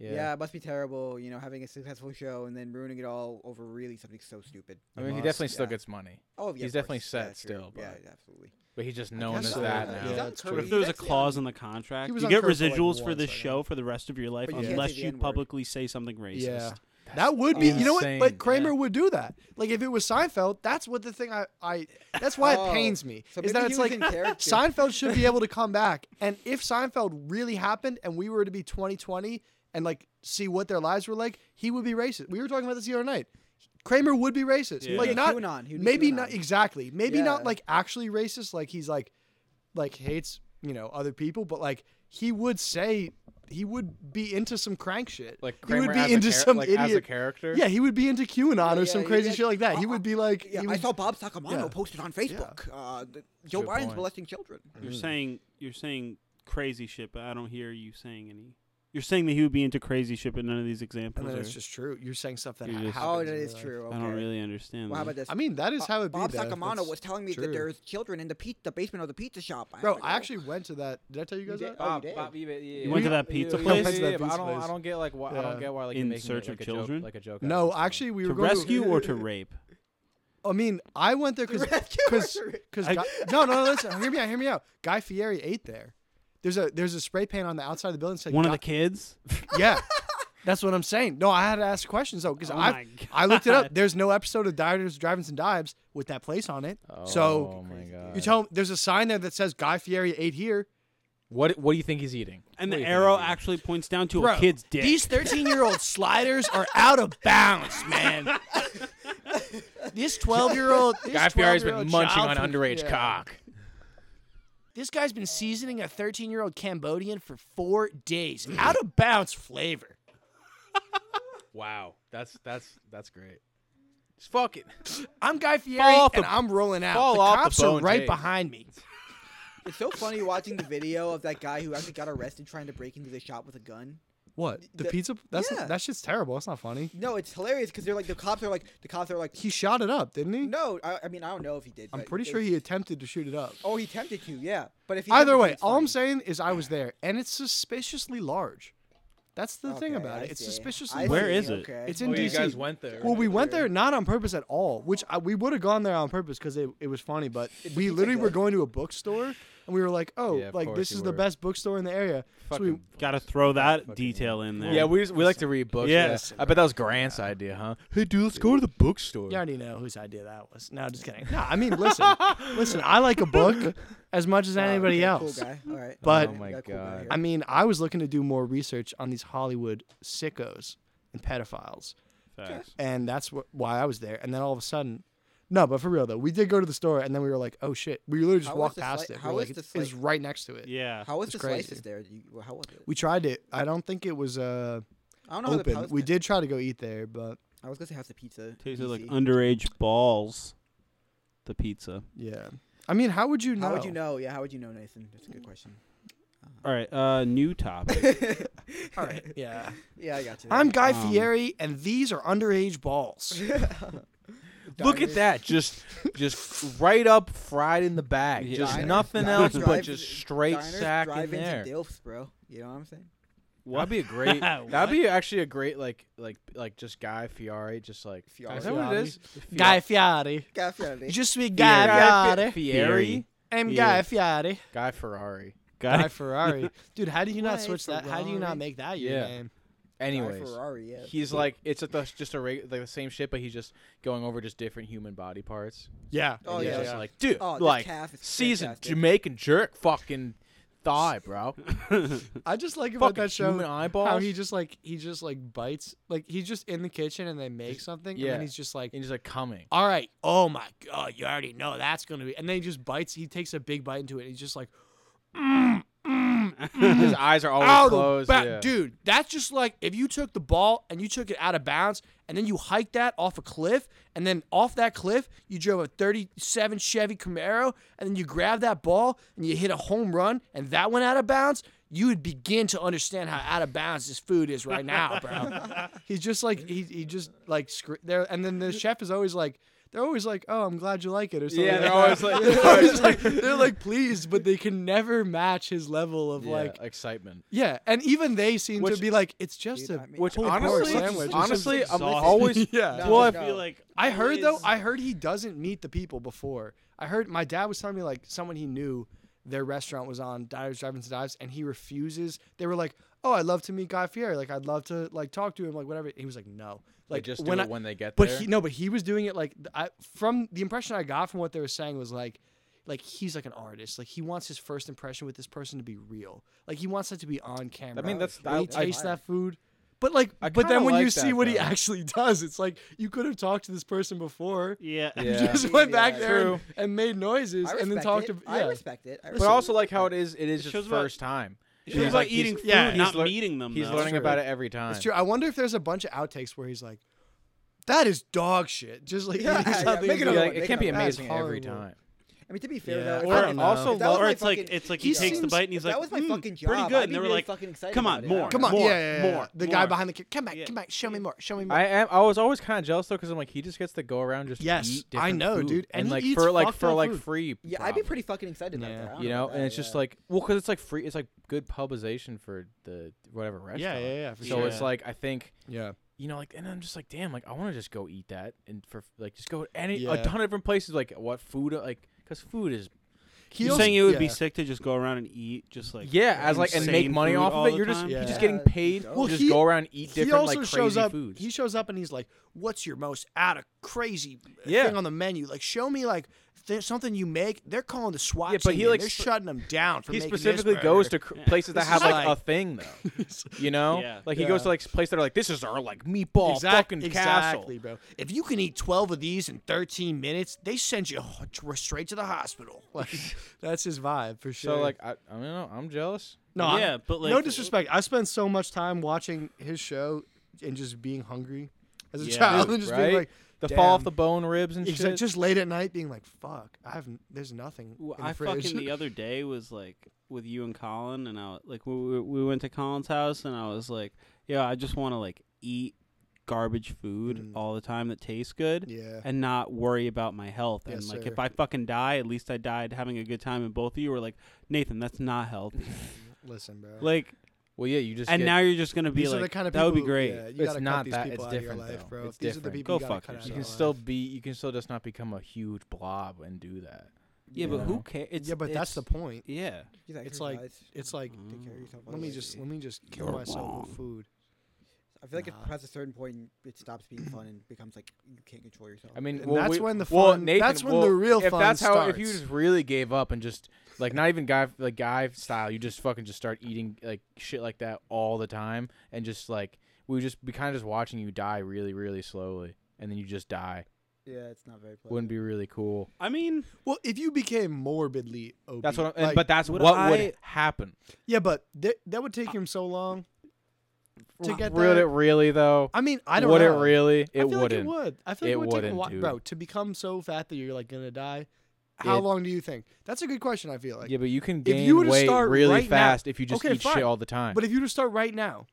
[SPEAKER 1] Yeah. it must be terrible, you know, having a successful show and then ruining it all over really something so stupid.
[SPEAKER 4] I mean, he
[SPEAKER 2] must,
[SPEAKER 4] definitely still
[SPEAKER 1] yeah.
[SPEAKER 4] gets money,
[SPEAKER 1] Oh, yeah.
[SPEAKER 4] He's
[SPEAKER 1] of
[SPEAKER 4] definitely
[SPEAKER 1] course.
[SPEAKER 4] set
[SPEAKER 1] yeah, sure.
[SPEAKER 4] still,
[SPEAKER 1] Yeah,
[SPEAKER 4] but-
[SPEAKER 1] absolutely.
[SPEAKER 4] but he's just known
[SPEAKER 2] guess
[SPEAKER 4] as
[SPEAKER 2] so,
[SPEAKER 4] that
[SPEAKER 2] yeah.
[SPEAKER 4] now.
[SPEAKER 2] Yeah,
[SPEAKER 1] He's on
[SPEAKER 2] that's true.
[SPEAKER 1] Curb.
[SPEAKER 3] If there was a
[SPEAKER 1] That's the
[SPEAKER 3] clause
[SPEAKER 1] only-
[SPEAKER 3] in the contract,
[SPEAKER 2] He was
[SPEAKER 3] you
[SPEAKER 2] on
[SPEAKER 3] get
[SPEAKER 2] Curb for, like,
[SPEAKER 3] residuals for
[SPEAKER 2] once,
[SPEAKER 3] this
[SPEAKER 2] I think.
[SPEAKER 3] show for the rest of your life
[SPEAKER 1] But you can't
[SPEAKER 3] unless
[SPEAKER 1] say the
[SPEAKER 3] you
[SPEAKER 1] N-word.
[SPEAKER 3] publicly say something racist.
[SPEAKER 2] Yeah. That would be, you know what?
[SPEAKER 4] insane.
[SPEAKER 2] But Kramer would do that. Like if it was Seinfeld, that's what the thing I, I that's why
[SPEAKER 1] Oh,
[SPEAKER 2] it pains me.
[SPEAKER 1] so
[SPEAKER 2] is
[SPEAKER 1] maybe
[SPEAKER 2] that
[SPEAKER 1] he
[SPEAKER 2] it's
[SPEAKER 1] was
[SPEAKER 2] like
[SPEAKER 1] in character.
[SPEAKER 2] Seinfeld should be able to come back, and if Seinfeld really happened, and we were to be 2020 and like see what their lives were like, he would be racist. We were talking about this the other night. Kramer would be racist.
[SPEAKER 3] Yeah.
[SPEAKER 2] Like
[SPEAKER 1] He'd be a
[SPEAKER 2] not
[SPEAKER 1] QAnon. He would be
[SPEAKER 2] maybe
[SPEAKER 1] QAnon.
[SPEAKER 2] not exactly. Maybe
[SPEAKER 1] Yeah.
[SPEAKER 2] not like actually racist. Like he's like like hates you know other people, but like he would say he would be into some crank shit.
[SPEAKER 4] Like
[SPEAKER 2] he
[SPEAKER 4] Kramer
[SPEAKER 2] would be
[SPEAKER 4] as a
[SPEAKER 2] into
[SPEAKER 4] char-
[SPEAKER 2] some
[SPEAKER 4] like, as
[SPEAKER 2] idiot
[SPEAKER 4] a character?
[SPEAKER 2] Yeah, he would be into QAnon
[SPEAKER 1] Yeah,
[SPEAKER 2] or some
[SPEAKER 1] yeah,
[SPEAKER 2] crazy
[SPEAKER 1] yeah.
[SPEAKER 2] shit like that. he
[SPEAKER 1] Uh,
[SPEAKER 2] would be like,
[SPEAKER 1] Yeah,
[SPEAKER 2] he
[SPEAKER 1] I
[SPEAKER 2] would-
[SPEAKER 1] saw Bob Sacamano
[SPEAKER 2] yeah.
[SPEAKER 1] posted on Facebook. Uh, th- Joe
[SPEAKER 4] good
[SPEAKER 1] Biden's
[SPEAKER 4] point.
[SPEAKER 1] molesting children.
[SPEAKER 3] You're saying you're saying crazy shit, but I don't hear you saying any. You're saying that he would be into crazy shit, but none of these examples.
[SPEAKER 2] and then
[SPEAKER 3] are,
[SPEAKER 2] it's just true. You're saying stuff that
[SPEAKER 3] You
[SPEAKER 2] ha-
[SPEAKER 3] just-
[SPEAKER 2] happens.
[SPEAKER 1] Oh, that
[SPEAKER 2] in
[SPEAKER 1] is
[SPEAKER 2] real life.
[SPEAKER 1] true.
[SPEAKER 3] I don't
[SPEAKER 1] okay.
[SPEAKER 3] really understand.
[SPEAKER 1] Well, how
[SPEAKER 3] that.
[SPEAKER 1] about this?
[SPEAKER 2] I mean, that is
[SPEAKER 1] Bo-
[SPEAKER 2] how it be.
[SPEAKER 1] Bob
[SPEAKER 2] though.
[SPEAKER 1] Sacamano
[SPEAKER 2] That's
[SPEAKER 1] was telling me that
[SPEAKER 2] true.
[SPEAKER 1] there's children in the pe- the basement of the pizza shop. have
[SPEAKER 2] Bro,
[SPEAKER 1] to
[SPEAKER 2] I
[SPEAKER 1] go.
[SPEAKER 2] actually went to that. Did I tell you guys
[SPEAKER 1] did?
[SPEAKER 2] that?
[SPEAKER 1] Oh,
[SPEAKER 4] Bob-
[SPEAKER 1] you did.
[SPEAKER 4] Bob, yeah, yeah,
[SPEAKER 3] You went to
[SPEAKER 4] yeah,
[SPEAKER 3] that pizza
[SPEAKER 4] yeah,
[SPEAKER 3] place?
[SPEAKER 4] yeah, yeah,
[SPEAKER 2] Went to that
[SPEAKER 4] but I
[SPEAKER 2] pizza
[SPEAKER 4] don't, I
[SPEAKER 2] place.
[SPEAKER 4] don't get like why, I
[SPEAKER 2] Yeah.
[SPEAKER 4] don't get why like
[SPEAKER 3] In
[SPEAKER 4] you're making
[SPEAKER 3] search of
[SPEAKER 4] it, like, a
[SPEAKER 3] children?
[SPEAKER 4] joke, like a joke. out of
[SPEAKER 2] No,
[SPEAKER 4] it, so.
[SPEAKER 2] actually, we
[SPEAKER 3] to
[SPEAKER 2] were going
[SPEAKER 3] rescue or to rape?
[SPEAKER 2] I mean, I went there because
[SPEAKER 1] rescue or
[SPEAKER 2] because
[SPEAKER 1] to rape?
[SPEAKER 3] I-
[SPEAKER 2] no, no, no, listen, hear me out, hear me out. Guy Fieri ate there. There's a there's a spray paint on the outside of the building that said
[SPEAKER 3] One of
[SPEAKER 2] Guy-
[SPEAKER 3] the kids?
[SPEAKER 2] Yeah. That's what I'm saying. No, I had to ask questions though, because
[SPEAKER 3] Oh
[SPEAKER 2] I
[SPEAKER 3] my
[SPEAKER 2] I looked it
[SPEAKER 3] God.
[SPEAKER 2] up. There's no episode of Diners, Drivins, and Dives with that place on it.
[SPEAKER 4] Oh
[SPEAKER 2] so
[SPEAKER 4] my god.
[SPEAKER 2] you tell 'em- there's a sign there that says Guy Fieri ate here.
[SPEAKER 4] what what do you think he's eating?
[SPEAKER 3] And the
[SPEAKER 4] What do you think
[SPEAKER 3] arrow
[SPEAKER 4] he's eating?
[SPEAKER 3] actually points down to
[SPEAKER 2] Bro,
[SPEAKER 3] a kid's dick.
[SPEAKER 2] These 13 year old sliders are out of bounds, man. this 12 year old
[SPEAKER 4] Guy Fieri's been munching on underage cock.
[SPEAKER 2] This guy's been seasoning a 13 year old Cambodian for four days. Out of bounds flavor.
[SPEAKER 4] Wow, that's that's that's great. Just fucking
[SPEAKER 2] I'm Guy Fieri
[SPEAKER 4] Fall off
[SPEAKER 2] and
[SPEAKER 4] the-
[SPEAKER 2] I'm rolling out.
[SPEAKER 4] fall
[SPEAKER 2] the
[SPEAKER 4] off the
[SPEAKER 2] cops are
[SPEAKER 4] bone
[SPEAKER 2] right
[SPEAKER 4] tape.
[SPEAKER 2] behind me.
[SPEAKER 1] It's so funny watching the video of that guy who actually got arrested trying to break into the shop with a gun.
[SPEAKER 2] What the,
[SPEAKER 1] The-
[SPEAKER 2] pizza? That's
[SPEAKER 1] yeah.
[SPEAKER 2] that shit's terrible. That's not funny.
[SPEAKER 1] No, it's hilarious because they're like the cops are like the cops are like
[SPEAKER 2] He shot it up, didn't he?
[SPEAKER 1] no. I, I mean, I don't know if he did.
[SPEAKER 2] I'm
[SPEAKER 1] but
[SPEAKER 2] pretty
[SPEAKER 1] they-
[SPEAKER 2] sure he attempted to shoot it up.
[SPEAKER 1] Oh, he tempted you, yeah. But if he tempted
[SPEAKER 2] Either
[SPEAKER 1] you,
[SPEAKER 2] way,
[SPEAKER 1] it's
[SPEAKER 2] all I'm
[SPEAKER 1] fine.
[SPEAKER 2] saying is I was there, and it's suspiciously large. That's the thing
[SPEAKER 1] Okay,
[SPEAKER 2] about
[SPEAKER 1] I
[SPEAKER 2] it. It's
[SPEAKER 1] see.
[SPEAKER 2] suspiciously.
[SPEAKER 1] I
[SPEAKER 2] large.
[SPEAKER 3] Where
[SPEAKER 1] see,
[SPEAKER 3] is it?
[SPEAKER 1] Okay.
[SPEAKER 2] It's in
[SPEAKER 4] Oh, yeah, you
[SPEAKER 2] DC.
[SPEAKER 4] guys went there.
[SPEAKER 2] Well, we went there not on purpose at all, which I, we would have gone there on purpose because it, it was funny. But we literally were going to a bookstore, and we were like, "Oh,
[SPEAKER 4] Yeah, of
[SPEAKER 2] like
[SPEAKER 4] course
[SPEAKER 2] this
[SPEAKER 4] you
[SPEAKER 2] is the
[SPEAKER 4] were.
[SPEAKER 2] best bookstore in the area." so we,
[SPEAKER 4] Fucking
[SPEAKER 3] Got to throw that detail in there.
[SPEAKER 4] Yeah, we just, we like to read books. yeah.
[SPEAKER 3] Yes.
[SPEAKER 4] I bet that was Grant's idea, huh? Hey, dude, let's go to the bookstore.
[SPEAKER 2] You already know whose idea that was. No, just kidding. No, I mean, listen, listen. I like a book as much as anybody
[SPEAKER 1] Okay,
[SPEAKER 2] else.
[SPEAKER 1] Cool guy. All right.
[SPEAKER 2] But-
[SPEAKER 4] oh my
[SPEAKER 1] Yeah, cool guy
[SPEAKER 4] god.
[SPEAKER 1] here.
[SPEAKER 2] I mean, I was looking to do more research on these Hollywood sickos and pedophiles,
[SPEAKER 3] Facts.
[SPEAKER 2] and that's wh- why I was there. And then all of a sudden, no, but for real though, we did go to the store, and then we were like, "Oh shit!" We literally just
[SPEAKER 1] How was
[SPEAKER 2] walked
[SPEAKER 1] the
[SPEAKER 2] past
[SPEAKER 1] sli-
[SPEAKER 2] it.
[SPEAKER 1] how
[SPEAKER 2] we were
[SPEAKER 1] was
[SPEAKER 2] like,
[SPEAKER 1] the
[SPEAKER 2] it was
[SPEAKER 1] sli-
[SPEAKER 2] right next to it.
[SPEAKER 3] Yeah.
[SPEAKER 1] how was
[SPEAKER 2] it's
[SPEAKER 1] the
[SPEAKER 2] crazy.
[SPEAKER 1] slices there? Did you, how was it?
[SPEAKER 2] We tried it. I don't think it was uh,
[SPEAKER 1] I don't know how the
[SPEAKER 2] open.
[SPEAKER 1] palace
[SPEAKER 2] We
[SPEAKER 1] did.
[SPEAKER 2] did try to go eat there, but
[SPEAKER 1] I was gonna say how's the pizza?
[SPEAKER 3] Tasted like
[SPEAKER 1] DC?
[SPEAKER 3] underage balls. The pizza.
[SPEAKER 2] yeah. I mean, how would you know?
[SPEAKER 1] How would you know? Yeah, how would you know, Nathan? That's a good question.
[SPEAKER 3] All right, uh, new topic.
[SPEAKER 2] All right. Yeah.
[SPEAKER 1] Yeah, I got you.
[SPEAKER 2] I'm Guy
[SPEAKER 3] Um,
[SPEAKER 2] Fieri, and these are underage balls.
[SPEAKER 4] Look at that. Just just right up fried in the bag.
[SPEAKER 3] Yeah.
[SPEAKER 4] Just
[SPEAKER 3] Diners,
[SPEAKER 4] nothing
[SPEAKER 1] Diners,
[SPEAKER 4] else but
[SPEAKER 1] drive-
[SPEAKER 4] just straight
[SPEAKER 1] diners,
[SPEAKER 4] sack in
[SPEAKER 1] drive-ins, and
[SPEAKER 4] there.
[SPEAKER 1] Dilfs, bro. You know what I'm saying?
[SPEAKER 4] That'd be a great.
[SPEAKER 3] What?
[SPEAKER 4] that'd be actually a great like like like just Guy Fieri just like
[SPEAKER 1] Fiore.
[SPEAKER 4] is that what it is?
[SPEAKER 2] Guy Fieri.
[SPEAKER 1] Guy Fieri.
[SPEAKER 2] Just be
[SPEAKER 4] Fieri.
[SPEAKER 2] Guy Fieri.
[SPEAKER 4] Fieri.
[SPEAKER 2] I'm Guy Fieri.
[SPEAKER 4] Guy Ferrari.
[SPEAKER 2] Guy, Ferrari. Dude, how do you not switch that? How do you not make that your
[SPEAKER 4] Yeah.
[SPEAKER 2] name?
[SPEAKER 4] Anyways,
[SPEAKER 1] Ferrari, yeah.
[SPEAKER 4] he's like it's at the, just a reg- like the same shit, but he's just going over just different human body parts.
[SPEAKER 2] Yeah.
[SPEAKER 4] And
[SPEAKER 2] Oh,
[SPEAKER 4] he's
[SPEAKER 2] yeah,
[SPEAKER 4] just
[SPEAKER 2] yeah.
[SPEAKER 4] like dude,
[SPEAKER 2] Oh, this
[SPEAKER 4] like
[SPEAKER 2] calf is
[SPEAKER 4] seasoned
[SPEAKER 2] fantastic.
[SPEAKER 4] Jamaican jerk, fucking thigh, bro.
[SPEAKER 2] I just like about
[SPEAKER 4] Fucking
[SPEAKER 2] that show
[SPEAKER 4] human eyeballs.
[SPEAKER 2] how he just like he just like bites like he's just in the kitchen and they make something and then he's just like
[SPEAKER 4] and he's like coming.
[SPEAKER 2] all right oh my god you already know that's gonna be and then he just bites he takes a big bite into it and he's just like mm, mm, mm,
[SPEAKER 4] His eyes are always
[SPEAKER 2] out of
[SPEAKER 4] closed,
[SPEAKER 2] ba-"
[SPEAKER 4] yeah.
[SPEAKER 2] dude that's just like if you took the ball and you took it out of bounds and then you hiked that off a cliff and then off that cliff you drove a 37 Chevy Camaro and then you grabbed that ball and you hit a home run and that went out of bounds you would begin to understand how out of bounds this food is right now bro he's just like he, he just like scr- there and then the chef is always like they're always like, "Oh, I'm glad you like it," or something.
[SPEAKER 4] Yeah, they're
[SPEAKER 2] like that.
[SPEAKER 4] always like-
[SPEAKER 2] they're always like, they're like pleased, but they can never match his level of
[SPEAKER 4] Yeah,
[SPEAKER 2] like,
[SPEAKER 4] excitement.
[SPEAKER 2] yeah. And even they seem
[SPEAKER 4] Which-
[SPEAKER 2] to be like, it's just a
[SPEAKER 4] Which
[SPEAKER 2] pulled pork
[SPEAKER 4] honestly-
[SPEAKER 2] sandwich.
[SPEAKER 4] honestly, I'm always-
[SPEAKER 2] yeah.
[SPEAKER 4] No, Well, I
[SPEAKER 3] no. feel like
[SPEAKER 2] I heard though,
[SPEAKER 3] always-
[SPEAKER 2] I heard he doesn't meet the people before. I heard my dad was telling me like someone he knew, their restaurant was on Diners, Drive-ins, and Dives, and he refuses. They were like, "Oh, I'd love to meet Guy Fieri. Like, I'd love to like talk to him. Like, whatever." He was like, "No."
[SPEAKER 4] They
[SPEAKER 2] Like
[SPEAKER 4] just do
[SPEAKER 2] when
[SPEAKER 4] it
[SPEAKER 2] I-
[SPEAKER 4] when they get
[SPEAKER 2] but
[SPEAKER 4] there?
[SPEAKER 2] he no, but he was doing it like th- I, from the impression I got from what they were saying was like, like he's like an artist. Like he wants his first impression with this person to be real. Like he wants it to be on camera.
[SPEAKER 4] that's-
[SPEAKER 2] when he
[SPEAKER 4] I- I-
[SPEAKER 2] tastes that food. But like,
[SPEAKER 4] I
[SPEAKER 2] but
[SPEAKER 4] kinda
[SPEAKER 2] then when you
[SPEAKER 4] like
[SPEAKER 2] see
[SPEAKER 4] that,
[SPEAKER 2] what he
[SPEAKER 4] though.
[SPEAKER 2] actually does, it's like you could have talked to this person before.
[SPEAKER 3] Yeah,
[SPEAKER 2] you
[SPEAKER 4] Yeah.
[SPEAKER 2] just went back
[SPEAKER 4] Yeah.
[SPEAKER 2] there and,
[SPEAKER 4] True.
[SPEAKER 2] and made noises
[SPEAKER 1] I
[SPEAKER 2] and then
[SPEAKER 1] respect
[SPEAKER 2] talked
[SPEAKER 1] it.
[SPEAKER 2] to. Yeah.
[SPEAKER 1] I respect it. I
[SPEAKER 4] But I also like how it is. It is
[SPEAKER 3] It
[SPEAKER 4] his
[SPEAKER 3] shows
[SPEAKER 4] first
[SPEAKER 3] about-
[SPEAKER 4] time.
[SPEAKER 3] it shows
[SPEAKER 4] He's
[SPEAKER 3] about
[SPEAKER 4] like- he's-
[SPEAKER 3] eating food,
[SPEAKER 4] yeah, he's
[SPEAKER 3] not
[SPEAKER 4] lear-
[SPEAKER 3] meeting them,
[SPEAKER 4] He's
[SPEAKER 3] though.
[SPEAKER 4] learning
[SPEAKER 3] That's
[SPEAKER 4] about
[SPEAKER 3] true.
[SPEAKER 4] it every time.
[SPEAKER 2] It's true. I wonder if there's a bunch of outtakes where he's like, "That is dog shit." Just like
[SPEAKER 1] Yeah,
[SPEAKER 2] eating
[SPEAKER 1] yeah,
[SPEAKER 2] something.
[SPEAKER 1] make
[SPEAKER 2] and
[SPEAKER 1] another
[SPEAKER 2] be
[SPEAKER 1] one,
[SPEAKER 2] like,
[SPEAKER 1] make
[SPEAKER 4] it can't be
[SPEAKER 1] another
[SPEAKER 2] "That is
[SPEAKER 4] amazing every
[SPEAKER 2] horrible."
[SPEAKER 4] time.
[SPEAKER 1] I mean, to be
[SPEAKER 2] Yeah.
[SPEAKER 1] fair though,
[SPEAKER 2] Or
[SPEAKER 1] if I did-
[SPEAKER 4] also
[SPEAKER 1] if that was
[SPEAKER 3] or
[SPEAKER 1] my
[SPEAKER 3] it's like
[SPEAKER 1] fucking-
[SPEAKER 3] it's like
[SPEAKER 2] He
[SPEAKER 3] he, takes the
[SPEAKER 2] seems-
[SPEAKER 3] bite and he's
[SPEAKER 1] if
[SPEAKER 3] like,
[SPEAKER 1] that was my
[SPEAKER 3] "Mm,
[SPEAKER 1] fucking
[SPEAKER 3] pretty
[SPEAKER 1] job,
[SPEAKER 3] good."
[SPEAKER 1] I'd
[SPEAKER 3] and
[SPEAKER 1] be
[SPEAKER 3] they were
[SPEAKER 1] really
[SPEAKER 3] like,
[SPEAKER 1] fucking excited
[SPEAKER 3] "Come
[SPEAKER 1] about
[SPEAKER 3] on,
[SPEAKER 1] it.
[SPEAKER 3] more,
[SPEAKER 2] Come on,
[SPEAKER 3] more,
[SPEAKER 2] yeah, yeah, yeah.
[SPEAKER 3] more."
[SPEAKER 2] the guy behind the ca- come back, come back, show me more, show me more.
[SPEAKER 4] I am. I was always kind of jealous though, because I'm like, he just gets to go around just
[SPEAKER 2] Yes,
[SPEAKER 4] eat
[SPEAKER 2] I
[SPEAKER 4] different
[SPEAKER 2] know,
[SPEAKER 4] food.
[SPEAKER 2] dude. And
[SPEAKER 4] and
[SPEAKER 2] he
[SPEAKER 4] like
[SPEAKER 2] eats
[SPEAKER 4] for like
[SPEAKER 2] fucked
[SPEAKER 4] for
[SPEAKER 2] up
[SPEAKER 4] like
[SPEAKER 2] food.
[SPEAKER 4] free.
[SPEAKER 1] Yeah, I'd be
[SPEAKER 4] probably,
[SPEAKER 1] pretty fucking excited about that. I don't
[SPEAKER 4] You
[SPEAKER 1] know,
[SPEAKER 4] know,
[SPEAKER 1] about
[SPEAKER 4] and
[SPEAKER 1] that,
[SPEAKER 4] it's just
[SPEAKER 1] yeah.
[SPEAKER 4] like well, because it's like free. It's like good publicization for the whatever restaurant.
[SPEAKER 2] yeah, yeah, for
[SPEAKER 4] so
[SPEAKER 2] sure.
[SPEAKER 4] it's like I think.
[SPEAKER 2] Yeah.
[SPEAKER 4] You know, like, and I'm just like, damn, like, I want to just go eat that, and for like, just go to any
[SPEAKER 2] Yeah.
[SPEAKER 4] a ton of different places, like, what food, uh, like, because food is,
[SPEAKER 2] He
[SPEAKER 3] You're
[SPEAKER 2] also-
[SPEAKER 3] saying it would be
[SPEAKER 2] yeah.
[SPEAKER 3] sick to just go around and eat, just like
[SPEAKER 4] yeah, as like, and make
[SPEAKER 3] insane
[SPEAKER 4] money
[SPEAKER 3] food
[SPEAKER 4] off
[SPEAKER 3] all
[SPEAKER 4] of it.
[SPEAKER 3] the
[SPEAKER 4] You're just,
[SPEAKER 3] time?
[SPEAKER 4] you're just
[SPEAKER 1] Yeah.
[SPEAKER 4] getting paid
[SPEAKER 1] Well,
[SPEAKER 4] to just go around and eat different,
[SPEAKER 2] he also
[SPEAKER 4] like, crazy
[SPEAKER 2] shows up.
[SPEAKER 4] foods.
[SPEAKER 2] He shows up and he's like, "What's your most out of crazy
[SPEAKER 4] Yeah.
[SPEAKER 2] thing on the menu? Like, show me like th- something you make." They're calling the SWAT
[SPEAKER 4] Yeah, but
[SPEAKER 2] team
[SPEAKER 4] he,
[SPEAKER 2] in.
[SPEAKER 4] like,
[SPEAKER 2] they're
[SPEAKER 4] sp-
[SPEAKER 2] shutting them down for
[SPEAKER 4] he
[SPEAKER 2] making this
[SPEAKER 4] specifically goes to
[SPEAKER 2] burger.
[SPEAKER 4] cr- places that
[SPEAKER 2] This is
[SPEAKER 4] have like,
[SPEAKER 2] like-
[SPEAKER 4] a thing though you know
[SPEAKER 3] Yeah.
[SPEAKER 4] like he goes
[SPEAKER 2] Yeah.
[SPEAKER 4] to like places that are like this is our like meatball
[SPEAKER 2] Exact-
[SPEAKER 4] fucking
[SPEAKER 2] exactly,
[SPEAKER 4] castle
[SPEAKER 2] bro. If you can eat twelve of these in thirteen minutes, they send you h- tr- straight to the hospital. Like, that's his vibe for sure.
[SPEAKER 4] so like I, I don't know i'm jealous
[SPEAKER 2] no,
[SPEAKER 3] Yeah,
[SPEAKER 2] I'm-
[SPEAKER 3] but,
[SPEAKER 2] no
[SPEAKER 3] like-
[SPEAKER 2] disrespect. I spent so much time watching his show and just being hungry as a
[SPEAKER 3] Yeah.
[SPEAKER 2] child and just
[SPEAKER 4] right
[SPEAKER 2] being like
[SPEAKER 4] the fall off
[SPEAKER 2] "Damn."
[SPEAKER 4] the bone ribs and
[SPEAKER 2] Exactly.
[SPEAKER 4] shit
[SPEAKER 2] Just late at night, being like, "Fuck, I have n- there's nothing."
[SPEAKER 3] Well,
[SPEAKER 2] in the
[SPEAKER 3] I
[SPEAKER 2] fridge.
[SPEAKER 3] fucking the other day was like with you and Colin, and I like we- we we went to Colin's house, and I was like, yeah, I just want to like eat garbage food all the time that tastes good,
[SPEAKER 2] Mm. Yeah.
[SPEAKER 3] and not worry about my health. and
[SPEAKER 2] Yes,
[SPEAKER 3] like
[SPEAKER 2] sir.
[SPEAKER 3] if I fucking die, at least I died having a good time. And both of you were like, Nathan, that's not healthy.
[SPEAKER 2] Listen, bro.
[SPEAKER 3] like,
[SPEAKER 4] well yeah you just
[SPEAKER 3] and
[SPEAKER 4] get-
[SPEAKER 3] now you're just gonna be
[SPEAKER 2] these
[SPEAKER 3] like,
[SPEAKER 2] are the kind of
[SPEAKER 3] that would be
[SPEAKER 2] people-
[SPEAKER 3] great.
[SPEAKER 2] yeah, you
[SPEAKER 4] It's
[SPEAKER 2] gotta cut
[SPEAKER 4] not
[SPEAKER 2] these
[SPEAKER 4] that-
[SPEAKER 2] people
[SPEAKER 4] it's
[SPEAKER 2] out of your
[SPEAKER 4] different,
[SPEAKER 2] life,
[SPEAKER 4] though.
[SPEAKER 2] bro.
[SPEAKER 4] It's
[SPEAKER 2] these are the
[SPEAKER 4] different.
[SPEAKER 2] people
[SPEAKER 3] Go
[SPEAKER 2] you gotta
[SPEAKER 3] fuck
[SPEAKER 2] cut out
[SPEAKER 4] you
[SPEAKER 2] of
[SPEAKER 3] yourself.
[SPEAKER 4] can
[SPEAKER 2] your
[SPEAKER 4] still
[SPEAKER 2] life.
[SPEAKER 4] be you can still just not become a huge blob and do that
[SPEAKER 3] yeah,
[SPEAKER 4] you
[SPEAKER 3] but who
[SPEAKER 4] know?
[SPEAKER 3] cares? It's,
[SPEAKER 2] yeah, but that's
[SPEAKER 3] it's-
[SPEAKER 2] the point.
[SPEAKER 3] Yeah,
[SPEAKER 1] He's like,
[SPEAKER 2] It's
[SPEAKER 1] "Here,
[SPEAKER 2] like
[SPEAKER 1] guys,
[SPEAKER 2] it's like.
[SPEAKER 1] take care of yourself,
[SPEAKER 2] Let me
[SPEAKER 1] otherwise
[SPEAKER 2] just
[SPEAKER 1] you-"
[SPEAKER 2] let me just kill
[SPEAKER 3] You're
[SPEAKER 2] myself
[SPEAKER 3] wrong.
[SPEAKER 2] with food.
[SPEAKER 1] I feel like
[SPEAKER 2] Nah.
[SPEAKER 1] it past a certain point, it stops being fun and becomes like you can't control yourself.
[SPEAKER 4] I mean,
[SPEAKER 2] And
[SPEAKER 4] well,
[SPEAKER 2] that's
[SPEAKER 4] we-
[SPEAKER 2] when the
[SPEAKER 4] well,
[SPEAKER 2] fun-
[SPEAKER 4] Nathan,
[SPEAKER 2] that's when
[SPEAKER 4] well,
[SPEAKER 2] the real
[SPEAKER 4] if
[SPEAKER 2] fun
[SPEAKER 4] that's how if you
[SPEAKER 2] starts.
[SPEAKER 4] just really gave up and just like not even guy like guy style, you just fucking just start eating like shit like that all the time and just like we would just be kind of just watching you die really really slowly and then you just die.
[SPEAKER 1] yeah, it's not very. Pleasant.
[SPEAKER 4] Wouldn't be really cool.
[SPEAKER 3] I mean,
[SPEAKER 2] Well, if you became morbidly obese,
[SPEAKER 4] That's what. I'm, and-
[SPEAKER 2] like-
[SPEAKER 4] but that's
[SPEAKER 3] would
[SPEAKER 4] what would
[SPEAKER 3] I-
[SPEAKER 4] happen.
[SPEAKER 2] yeah, but that that would take him so long to get
[SPEAKER 4] would
[SPEAKER 2] there.
[SPEAKER 4] it really though?
[SPEAKER 2] I mean, I don't
[SPEAKER 4] would
[SPEAKER 2] know.
[SPEAKER 4] it really?
[SPEAKER 2] I
[SPEAKER 4] It
[SPEAKER 2] feel
[SPEAKER 4] wouldn't.
[SPEAKER 2] Like it would. I feel like
[SPEAKER 4] It
[SPEAKER 2] it would take a
[SPEAKER 4] wouldn't,
[SPEAKER 2] while,
[SPEAKER 4] dude.
[SPEAKER 2] bro, to become so fat that you're like gonna die. How
[SPEAKER 4] It-
[SPEAKER 2] long do you think? That's a good question. I feel like.
[SPEAKER 4] yeah, but you can
[SPEAKER 2] if
[SPEAKER 4] gain
[SPEAKER 2] you were to
[SPEAKER 4] weight
[SPEAKER 2] start
[SPEAKER 4] really
[SPEAKER 2] right now-
[SPEAKER 4] fast if you just
[SPEAKER 2] Okay,
[SPEAKER 4] eat
[SPEAKER 2] fine.
[SPEAKER 4] shit all the time.
[SPEAKER 2] But if you were to start right now,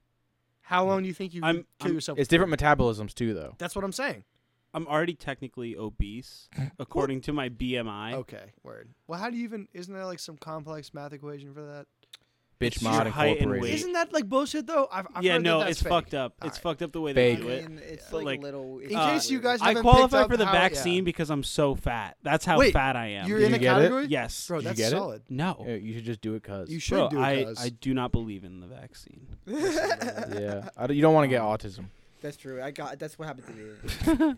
[SPEAKER 2] how long do you think you
[SPEAKER 3] I'm-
[SPEAKER 2] could kill
[SPEAKER 3] I'm-
[SPEAKER 2] yourself?
[SPEAKER 4] it's different metabolisms too, though.
[SPEAKER 2] That's what I'm saying.
[SPEAKER 3] I'm already technically obese according to my BMI.
[SPEAKER 2] Okay, word. Well, how do you even? Isn't there like some complex math equation for that?
[SPEAKER 4] Bitch
[SPEAKER 3] It's
[SPEAKER 4] mod
[SPEAKER 3] your height and
[SPEAKER 4] incorporated.
[SPEAKER 3] weight.
[SPEAKER 2] Isn't that like bullshit though? I've, I've
[SPEAKER 3] yeah,
[SPEAKER 2] heard that
[SPEAKER 3] no,
[SPEAKER 2] that's
[SPEAKER 3] it's
[SPEAKER 2] fake.
[SPEAKER 3] fucked up. It's
[SPEAKER 2] Alright.
[SPEAKER 3] fucked up the way
[SPEAKER 4] Fake.
[SPEAKER 3] they do it.
[SPEAKER 19] And it's
[SPEAKER 3] But,
[SPEAKER 19] like,
[SPEAKER 3] like,
[SPEAKER 19] little.
[SPEAKER 2] in case you guys
[SPEAKER 3] I
[SPEAKER 2] haven't
[SPEAKER 3] qualify
[SPEAKER 2] picked
[SPEAKER 3] for
[SPEAKER 2] up
[SPEAKER 3] the
[SPEAKER 2] how-
[SPEAKER 3] vaccine
[SPEAKER 2] yeah.
[SPEAKER 3] because I'm so fat. That's how
[SPEAKER 2] Wait,
[SPEAKER 3] fat I am.
[SPEAKER 2] You're
[SPEAKER 4] Did
[SPEAKER 2] in
[SPEAKER 4] you
[SPEAKER 2] a
[SPEAKER 4] get it?
[SPEAKER 2] category?
[SPEAKER 3] Yes.
[SPEAKER 2] Bro,
[SPEAKER 4] Did you
[SPEAKER 2] that's
[SPEAKER 4] get it?
[SPEAKER 2] solid.
[SPEAKER 3] No.
[SPEAKER 4] Yeah, You should just do it, cuz.
[SPEAKER 2] You should
[SPEAKER 3] Bro,
[SPEAKER 2] do it.
[SPEAKER 3] I,
[SPEAKER 2] cuz.
[SPEAKER 3] I do not believe in the vaccine.
[SPEAKER 4] yeah, I don't- you don't want to get autism.
[SPEAKER 19] That's true. I got. That's what happened to me.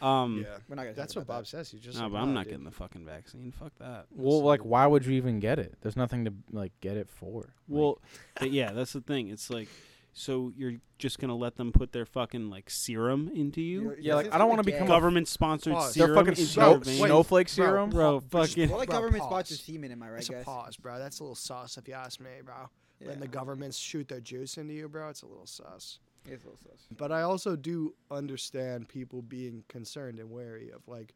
[SPEAKER 3] Um,
[SPEAKER 2] Yeah.
[SPEAKER 19] We're not gonna.
[SPEAKER 2] That's
[SPEAKER 19] talk
[SPEAKER 2] what
[SPEAKER 19] about
[SPEAKER 2] Bob says. You just
[SPEAKER 3] no,
[SPEAKER 2] like,
[SPEAKER 3] but I'm
[SPEAKER 2] nah,
[SPEAKER 3] not
[SPEAKER 2] dude.
[SPEAKER 3] getting the fucking vaccine. Fuck that.
[SPEAKER 4] Well,
[SPEAKER 3] That's-
[SPEAKER 4] like, why would you even get it? There's nothing to like get it for.
[SPEAKER 3] Well, but yeah, that's the thing. It's like, so you're just gonna let them put their fucking like serum into you?
[SPEAKER 19] You're-
[SPEAKER 4] yeah, like
[SPEAKER 19] This
[SPEAKER 4] I
[SPEAKER 19] is
[SPEAKER 4] don't
[SPEAKER 19] what
[SPEAKER 4] want to
[SPEAKER 19] they
[SPEAKER 4] become
[SPEAKER 19] get.
[SPEAKER 4] a
[SPEAKER 3] Government sponsored
[SPEAKER 2] Pause.
[SPEAKER 4] They're
[SPEAKER 3] serum
[SPEAKER 4] fucking
[SPEAKER 3] into
[SPEAKER 4] snow-
[SPEAKER 3] your veins?
[SPEAKER 4] snow- snowflake
[SPEAKER 2] bro,
[SPEAKER 4] serum?
[SPEAKER 3] Bro, fucking-
[SPEAKER 19] That. Well, like
[SPEAKER 2] Bro,
[SPEAKER 19] government
[SPEAKER 2] pause.
[SPEAKER 19] sponsored semen, am I right,
[SPEAKER 2] It's a
[SPEAKER 19] guys?
[SPEAKER 2] pause, bro. That's a little sauce, if you ask me, bro. Letting the
[SPEAKER 19] Yeah.
[SPEAKER 2] governments shoot their juice into you, bro. It's a little sus.
[SPEAKER 19] It's a little sus.
[SPEAKER 2] But I also do understand people being concerned and wary of like,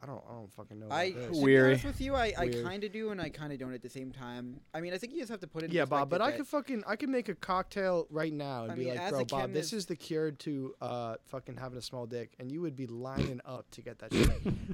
[SPEAKER 2] I don't, I don't fucking know.
[SPEAKER 19] I
[SPEAKER 2] about
[SPEAKER 19] to
[SPEAKER 2] this.
[SPEAKER 19] be
[SPEAKER 4] Weary.
[SPEAKER 19] honest with you, I, I
[SPEAKER 2] Weary.
[SPEAKER 19] kind of do and I kind of don't at the same time. I mean, I think you just have to put it. In
[SPEAKER 2] yeah, Bob. But I could
[SPEAKER 19] perspective
[SPEAKER 2] fucking, I could make a cocktail right now and
[SPEAKER 19] I
[SPEAKER 2] be
[SPEAKER 19] mean,
[SPEAKER 2] like,
[SPEAKER 19] as
[SPEAKER 2] bro,
[SPEAKER 19] a
[SPEAKER 2] Bob, this
[SPEAKER 19] chemist-
[SPEAKER 2] is the cure to uh fucking having a small dick, and you would be lining up to get that shit.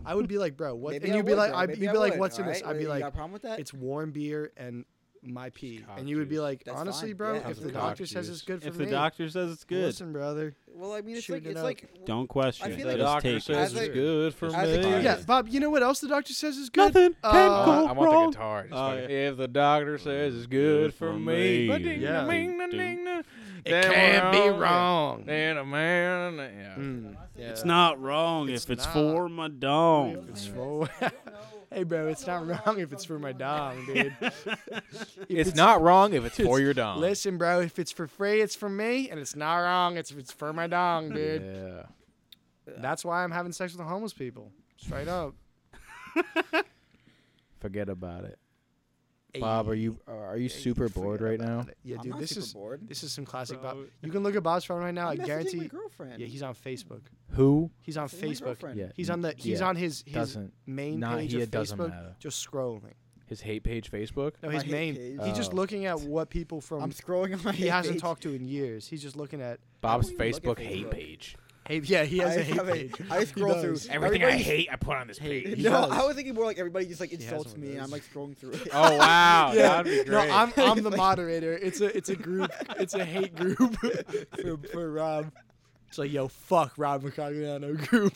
[SPEAKER 2] I would be like, bro, what?
[SPEAKER 19] Maybe
[SPEAKER 2] and
[SPEAKER 19] I
[SPEAKER 2] you'd be
[SPEAKER 19] would,
[SPEAKER 2] like,
[SPEAKER 19] bro.
[SPEAKER 2] I'd,
[SPEAKER 19] Maybe
[SPEAKER 2] you'd
[SPEAKER 19] I
[SPEAKER 2] be like,
[SPEAKER 19] would,
[SPEAKER 2] what's in this?
[SPEAKER 19] alright?
[SPEAKER 2] I'd be
[SPEAKER 19] You
[SPEAKER 2] like,
[SPEAKER 19] got a problem with that?
[SPEAKER 2] it's warm beer and my pee,
[SPEAKER 4] cock
[SPEAKER 2] and you would be
[SPEAKER 4] juice.
[SPEAKER 2] like,
[SPEAKER 19] That's
[SPEAKER 2] honestly,
[SPEAKER 19] fine.
[SPEAKER 2] bro,
[SPEAKER 19] Yeah.
[SPEAKER 2] if
[SPEAKER 4] It's
[SPEAKER 2] the
[SPEAKER 4] cock
[SPEAKER 2] doctor says
[SPEAKER 4] juice.
[SPEAKER 2] it's good for
[SPEAKER 3] if
[SPEAKER 2] me,
[SPEAKER 3] the doctor says it's good,
[SPEAKER 2] listen, brother.
[SPEAKER 19] well, I mean, it's
[SPEAKER 2] shooting
[SPEAKER 19] like
[SPEAKER 2] it
[SPEAKER 19] it's
[SPEAKER 2] up.
[SPEAKER 19] like
[SPEAKER 3] don't question
[SPEAKER 19] I
[SPEAKER 3] it.
[SPEAKER 19] feel like-
[SPEAKER 3] Just
[SPEAKER 4] doctor
[SPEAKER 3] take
[SPEAKER 4] says
[SPEAKER 3] it.
[SPEAKER 19] as a-
[SPEAKER 4] it's good for
[SPEAKER 19] as a
[SPEAKER 4] me.
[SPEAKER 19] guy-
[SPEAKER 2] Yeah,
[SPEAKER 19] Yes.
[SPEAKER 2] Bob. You know what else the doctor says is good?
[SPEAKER 3] Nothing
[SPEAKER 2] Uh,
[SPEAKER 3] can
[SPEAKER 4] Uh,
[SPEAKER 3] go
[SPEAKER 4] I want
[SPEAKER 3] wrong.
[SPEAKER 4] the guitar. Just
[SPEAKER 3] Oh,
[SPEAKER 4] fucking,
[SPEAKER 3] yeah.
[SPEAKER 4] If the doctor says it's good for me, ba-ding,
[SPEAKER 2] Yeah.
[SPEAKER 4] da-ming,
[SPEAKER 3] Ding,
[SPEAKER 4] da-ding, da-
[SPEAKER 2] It
[SPEAKER 4] then
[SPEAKER 2] can't
[SPEAKER 4] we're
[SPEAKER 2] be
[SPEAKER 4] on.
[SPEAKER 2] wrong.
[SPEAKER 4] Then a man. Yeah.
[SPEAKER 2] Mm, yeah.
[SPEAKER 3] It's not wrong
[SPEAKER 2] It's
[SPEAKER 3] if it's
[SPEAKER 2] not.
[SPEAKER 3] for my dong.
[SPEAKER 2] It's for. hey, bro, it's not wrong if it's for my dom, dude.
[SPEAKER 4] It's not wrong if it's for your dom.
[SPEAKER 2] Listen, bro, if it's for free, it's for me, and it's not wrong. It's it's for my dong, dude.
[SPEAKER 4] Yeah.
[SPEAKER 2] That's why I'm having sex with the homeless people. Straight up.
[SPEAKER 4] Forget about it. Bob, are you are you
[SPEAKER 2] Hey,
[SPEAKER 4] super
[SPEAKER 2] forget
[SPEAKER 4] bored right now?
[SPEAKER 2] about it. Yeah,
[SPEAKER 19] I'm
[SPEAKER 2] dude,
[SPEAKER 19] not
[SPEAKER 2] this
[SPEAKER 19] super
[SPEAKER 2] is
[SPEAKER 19] bored.
[SPEAKER 2] this is some classic
[SPEAKER 3] Bro.
[SPEAKER 2] Bob. You can look at Bob's phone right now. i
[SPEAKER 19] I'm messaging
[SPEAKER 2] guarantee.
[SPEAKER 19] My girlfriend.
[SPEAKER 2] yeah, he's on Facebook.
[SPEAKER 4] Who?
[SPEAKER 2] He's on
[SPEAKER 19] Messaging my
[SPEAKER 2] Facebook.
[SPEAKER 19] girlfriend.
[SPEAKER 4] Yeah.
[SPEAKER 2] He's on the he's
[SPEAKER 4] Yeah.
[SPEAKER 2] on his his
[SPEAKER 4] Doesn't
[SPEAKER 2] main
[SPEAKER 4] Not
[SPEAKER 2] page
[SPEAKER 4] he,
[SPEAKER 2] of
[SPEAKER 4] it doesn't
[SPEAKER 2] Facebook,
[SPEAKER 4] matter.
[SPEAKER 2] just scrolling.
[SPEAKER 4] his hate page Facebook.
[SPEAKER 2] No,
[SPEAKER 19] My
[SPEAKER 2] his
[SPEAKER 19] hate
[SPEAKER 2] main.
[SPEAKER 19] page.
[SPEAKER 2] He's just
[SPEAKER 4] Oh.
[SPEAKER 2] looking at what people from
[SPEAKER 19] I'm scrolling on my.
[SPEAKER 2] he
[SPEAKER 19] hate
[SPEAKER 2] hasn't
[SPEAKER 19] page.
[SPEAKER 2] talked to in years. He's just looking at.
[SPEAKER 4] Bob's
[SPEAKER 19] wouldn't even look
[SPEAKER 4] Facebook
[SPEAKER 19] at
[SPEAKER 4] hate
[SPEAKER 19] Facebook.
[SPEAKER 4] page.
[SPEAKER 2] Hey, yeah, he has
[SPEAKER 19] I
[SPEAKER 2] a hate
[SPEAKER 19] have a-
[SPEAKER 2] page.
[SPEAKER 19] I
[SPEAKER 2] He
[SPEAKER 19] scroll through
[SPEAKER 2] does.
[SPEAKER 9] Everything I
[SPEAKER 19] Everybody's-
[SPEAKER 9] hate, I put on this page.
[SPEAKER 2] He
[SPEAKER 19] no,
[SPEAKER 2] does.
[SPEAKER 19] I was thinking more like everybody just like
[SPEAKER 2] has
[SPEAKER 19] insults
[SPEAKER 2] one of
[SPEAKER 19] me, and I'm
[SPEAKER 2] those.
[SPEAKER 19] like scrolling through it.
[SPEAKER 4] Oh wow,
[SPEAKER 19] Yeah.
[SPEAKER 4] that'd be
[SPEAKER 2] No,
[SPEAKER 4] great.
[SPEAKER 2] I'm, I'm the
[SPEAKER 19] Like-
[SPEAKER 2] moderator. It's a it's a group. It's a hate group for, for Rob. It's like yo, fuck Rob McCagliano group.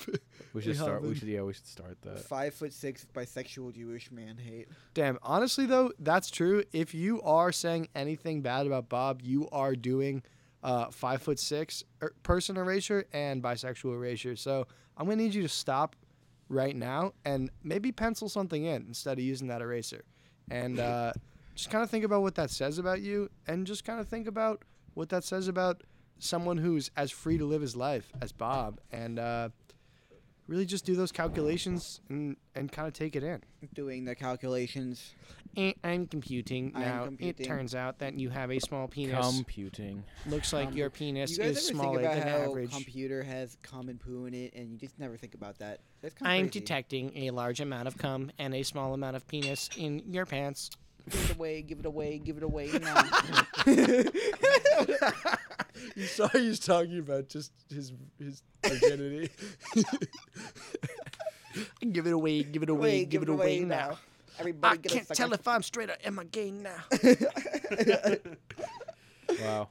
[SPEAKER 4] we should
[SPEAKER 2] we
[SPEAKER 4] start. We
[SPEAKER 2] haven't.
[SPEAKER 4] should. Yeah, we should start that.
[SPEAKER 19] Five foot six bisexual Jewish man hate.
[SPEAKER 2] Damn, honestly though, that's true. If you are saying anything bad about Bob, you are doing uh, five foot six er, person erasure and bisexual erasure. So I'm gonna need you to stop right now and maybe pencil something in instead of using that eraser, and uh, just kind of think about what that says about you, and just kind of think about what that says about someone who's as free to live his life as Bob, and uh, really just do those calculations and and kind of take it in.
[SPEAKER 19] Doing the calculations.
[SPEAKER 2] Eh, I'm computing
[SPEAKER 19] I am
[SPEAKER 2] now.
[SPEAKER 19] computing.
[SPEAKER 2] It turns out that you have a small penis.
[SPEAKER 4] Computing.
[SPEAKER 2] Looks like
[SPEAKER 19] Com-
[SPEAKER 2] your penis
[SPEAKER 19] you guys
[SPEAKER 2] is
[SPEAKER 19] ever
[SPEAKER 2] smaller
[SPEAKER 19] think about
[SPEAKER 2] than
[SPEAKER 19] how
[SPEAKER 2] average.
[SPEAKER 19] computer has cum and poo in it, and you just never think about that. That's kind of
[SPEAKER 2] I'm
[SPEAKER 19] crazy.
[SPEAKER 2] detecting a large amount of cum and a small amount of penis in your pants.
[SPEAKER 19] Give it away, give it away, give it away now.
[SPEAKER 2] You saw he's talking about just his his identity. give it away, give it away,
[SPEAKER 19] Away,
[SPEAKER 2] give it away now.
[SPEAKER 19] Everybody
[SPEAKER 2] I
[SPEAKER 19] get a
[SPEAKER 2] can't
[SPEAKER 19] sucker.
[SPEAKER 2] tell if I'm straight or am I gay now.
[SPEAKER 4] Wow,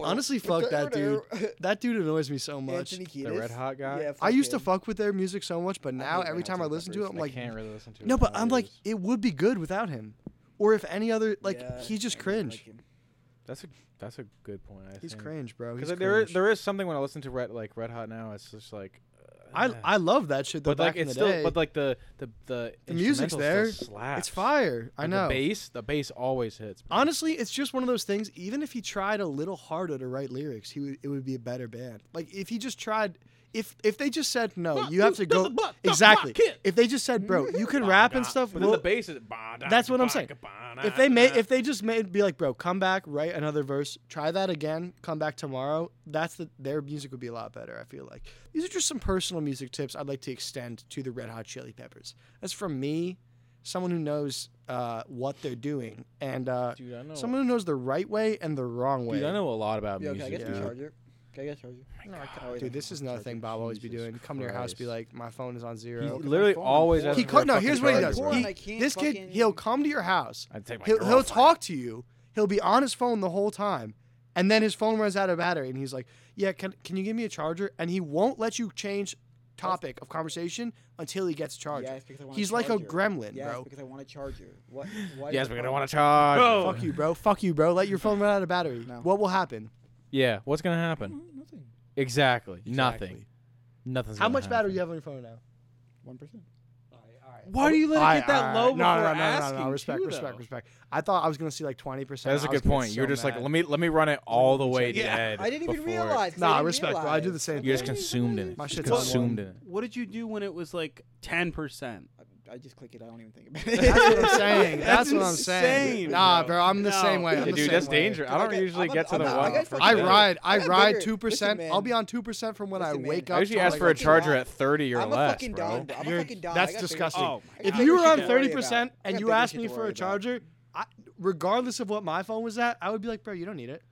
[SPEAKER 2] Honestly, fuck that dude. That dude annoys me so much.
[SPEAKER 19] Anthony Kiedis.
[SPEAKER 4] the Red Hot guy.
[SPEAKER 19] Yeah,
[SPEAKER 2] I
[SPEAKER 19] fuck
[SPEAKER 2] used to
[SPEAKER 19] him.
[SPEAKER 2] fuck with their music so much, but now
[SPEAKER 19] hate
[SPEAKER 2] every
[SPEAKER 19] Red Hot
[SPEAKER 2] time I
[SPEAKER 19] Chili
[SPEAKER 2] listen to it,
[SPEAKER 19] Peppers.
[SPEAKER 2] I'm
[SPEAKER 4] I
[SPEAKER 2] like,
[SPEAKER 4] can't really listen to.
[SPEAKER 2] no,
[SPEAKER 4] it
[SPEAKER 2] but
[SPEAKER 4] now
[SPEAKER 2] I'm like,
[SPEAKER 4] because
[SPEAKER 2] it would be good without him, or if any other, like,
[SPEAKER 19] Yeah,
[SPEAKER 2] he's just
[SPEAKER 19] I really
[SPEAKER 2] cringe.
[SPEAKER 19] like him.
[SPEAKER 4] that's a that's a good point. I
[SPEAKER 2] he's
[SPEAKER 4] think.
[SPEAKER 2] cringe, bro. He's
[SPEAKER 4] Because there is,
[SPEAKER 2] cringe.
[SPEAKER 4] there is something when I listen to Red like Red Hot now, it's just like.
[SPEAKER 2] I
[SPEAKER 4] uh,
[SPEAKER 2] I love that shit. Though,
[SPEAKER 4] but like
[SPEAKER 2] back in
[SPEAKER 4] it's
[SPEAKER 2] the
[SPEAKER 4] still,
[SPEAKER 2] day,
[SPEAKER 4] but like the the the,
[SPEAKER 2] the music's
[SPEAKER 4] instrumental
[SPEAKER 2] there.
[SPEAKER 4] still slaps.
[SPEAKER 2] It's fire. I
[SPEAKER 4] Like,
[SPEAKER 2] know.
[SPEAKER 4] The bass, the bass always hits. bro.
[SPEAKER 2] Honestly, it's just one of those things. Even if he tried a little harder to write lyrics, he would, it would be a better band. Like if he just tried, if if they just said no, you have to go exactly. If they just said, bro, you can rap and stuff.
[SPEAKER 4] But then
[SPEAKER 2] we'll-
[SPEAKER 4] the bass is.
[SPEAKER 2] That's what I'm saying. If they made, if they just made, be like, bro, come back, write another verse, try that again, come back tomorrow. That's the their music would be a lot better. I feel like these are just some personal music tips I'd like to extend to the Red Hot Chili Peppers. That's from me, someone who knows uh, what they're doing, and uh,
[SPEAKER 4] Dude, I know.
[SPEAKER 2] someone who knows the right way and the wrong way.
[SPEAKER 4] Dude, I know a lot about
[SPEAKER 19] Yeah, okay, I
[SPEAKER 4] music.
[SPEAKER 19] guess we
[SPEAKER 2] Yeah.
[SPEAKER 19] charge it. Can I get a charger? No, I can't-
[SPEAKER 2] Dude, this is another thing Bob always be
[SPEAKER 4] Jesus
[SPEAKER 2] doing. Come to your house, be
[SPEAKER 4] Christ.
[SPEAKER 2] like, my phone is on
[SPEAKER 4] He
[SPEAKER 2] zero.
[SPEAKER 4] literally
[SPEAKER 19] phone, I'm
[SPEAKER 4] always
[SPEAKER 19] bored.
[SPEAKER 4] has
[SPEAKER 2] He
[SPEAKER 4] the
[SPEAKER 2] co-
[SPEAKER 4] red
[SPEAKER 2] no, here's
[SPEAKER 4] fucking
[SPEAKER 2] what he
[SPEAKER 4] charger,
[SPEAKER 2] does.
[SPEAKER 4] bro.
[SPEAKER 19] Porn, I
[SPEAKER 2] He,
[SPEAKER 19] can't
[SPEAKER 2] this kid,
[SPEAKER 19] fucking-
[SPEAKER 2] he'll come to your house.
[SPEAKER 4] I'd take my
[SPEAKER 2] He'll, he'll
[SPEAKER 4] girlfriend.
[SPEAKER 2] talk to you, He'll be on his phone the whole time, and then his phone runs out of battery, and he's like, "Yeah, can can you give me a charger?" And he won't let you change topic of conversation until he gets charged.
[SPEAKER 19] Yes, because I want
[SPEAKER 2] he's
[SPEAKER 19] a
[SPEAKER 2] like a
[SPEAKER 19] charger.
[SPEAKER 2] gremlin,
[SPEAKER 19] yes,
[SPEAKER 2] bro.
[SPEAKER 19] because I want to charge you. What? Why
[SPEAKER 4] Yes,
[SPEAKER 19] the
[SPEAKER 4] we're
[SPEAKER 19] fuck-
[SPEAKER 4] gonna want to charge.
[SPEAKER 2] Fuck you, bro. Fuck you, bro. Let your phone run out of battery. What will happen?
[SPEAKER 4] Yeah, what's gonna happen?
[SPEAKER 19] Nothing.
[SPEAKER 4] Exactly. Nothing. Nothing's.
[SPEAKER 2] Mm, How
[SPEAKER 4] gonna
[SPEAKER 2] much
[SPEAKER 4] happen.
[SPEAKER 2] battery do you have on your phone now?
[SPEAKER 19] One percent.
[SPEAKER 3] Why do you let it get that low
[SPEAKER 2] no, no,
[SPEAKER 3] before
[SPEAKER 2] no, no,
[SPEAKER 3] asking?
[SPEAKER 2] No, no, respect,
[SPEAKER 3] too,
[SPEAKER 2] respect,
[SPEAKER 3] though?
[SPEAKER 2] respect. I thought I was gonna see like twenty percent.
[SPEAKER 4] That's a good point. You're just like, let me let me run it all the way dead.
[SPEAKER 19] I didn't even
[SPEAKER 4] before it-
[SPEAKER 19] realize, 'cause I
[SPEAKER 2] Nah,
[SPEAKER 19] didn't
[SPEAKER 2] respect. bro. I do the same.
[SPEAKER 4] You're just
[SPEAKER 2] thing.
[SPEAKER 4] consumed in it.
[SPEAKER 2] My
[SPEAKER 4] Just
[SPEAKER 2] shit's on
[SPEAKER 4] consumed in it.
[SPEAKER 3] What did you do when it was like ten percent?
[SPEAKER 19] I just click it. I don't even think about it.
[SPEAKER 2] That's what I'm saying. That's,
[SPEAKER 3] That's
[SPEAKER 2] what I'm saying.
[SPEAKER 3] insane,
[SPEAKER 2] Nah,
[SPEAKER 3] bro.
[SPEAKER 2] bro, I'm the
[SPEAKER 3] No.
[SPEAKER 2] same way. I'm
[SPEAKER 4] Yeah,
[SPEAKER 2] the
[SPEAKER 4] dude,
[SPEAKER 2] same
[SPEAKER 4] that's
[SPEAKER 2] way.
[SPEAKER 4] dangerous. I don't
[SPEAKER 19] Okay,
[SPEAKER 4] usually
[SPEAKER 19] I'm a-
[SPEAKER 4] get to
[SPEAKER 19] I'm
[SPEAKER 4] the
[SPEAKER 19] a- I
[SPEAKER 4] one.
[SPEAKER 19] got
[SPEAKER 4] for
[SPEAKER 19] fucking
[SPEAKER 2] I
[SPEAKER 19] bigger.
[SPEAKER 4] sure.
[SPEAKER 2] ride. I
[SPEAKER 19] got
[SPEAKER 2] ride
[SPEAKER 19] bigger.
[SPEAKER 2] two percent.
[SPEAKER 19] Listen,
[SPEAKER 2] I'll
[SPEAKER 19] man.
[SPEAKER 2] be on two percent from when
[SPEAKER 19] Listen,
[SPEAKER 2] I
[SPEAKER 19] man.
[SPEAKER 2] wake
[SPEAKER 4] I
[SPEAKER 2] up.
[SPEAKER 4] usually
[SPEAKER 2] till
[SPEAKER 4] ask
[SPEAKER 2] like-
[SPEAKER 4] for a
[SPEAKER 19] fucking dog.
[SPEAKER 4] charger at 30 or
[SPEAKER 19] I'm a
[SPEAKER 4] less,
[SPEAKER 19] fucking
[SPEAKER 4] bro.
[SPEAKER 19] dog, bro. I'm a
[SPEAKER 2] You're-
[SPEAKER 19] fucking dog. I
[SPEAKER 2] That's
[SPEAKER 19] got bigger
[SPEAKER 2] disgusting.
[SPEAKER 19] shit- I got
[SPEAKER 2] if
[SPEAKER 19] bigger
[SPEAKER 2] you were
[SPEAKER 19] shit
[SPEAKER 2] on
[SPEAKER 19] to worry
[SPEAKER 2] thirty
[SPEAKER 19] about.
[SPEAKER 2] percent
[SPEAKER 19] I
[SPEAKER 2] and
[SPEAKER 19] got
[SPEAKER 2] you
[SPEAKER 19] bigger
[SPEAKER 2] asked
[SPEAKER 19] shit
[SPEAKER 2] me
[SPEAKER 19] to
[SPEAKER 2] for
[SPEAKER 19] worry
[SPEAKER 2] a
[SPEAKER 19] about.
[SPEAKER 2] charger, I, regardless of what my phone was at, I would be like, bro, you don't need it.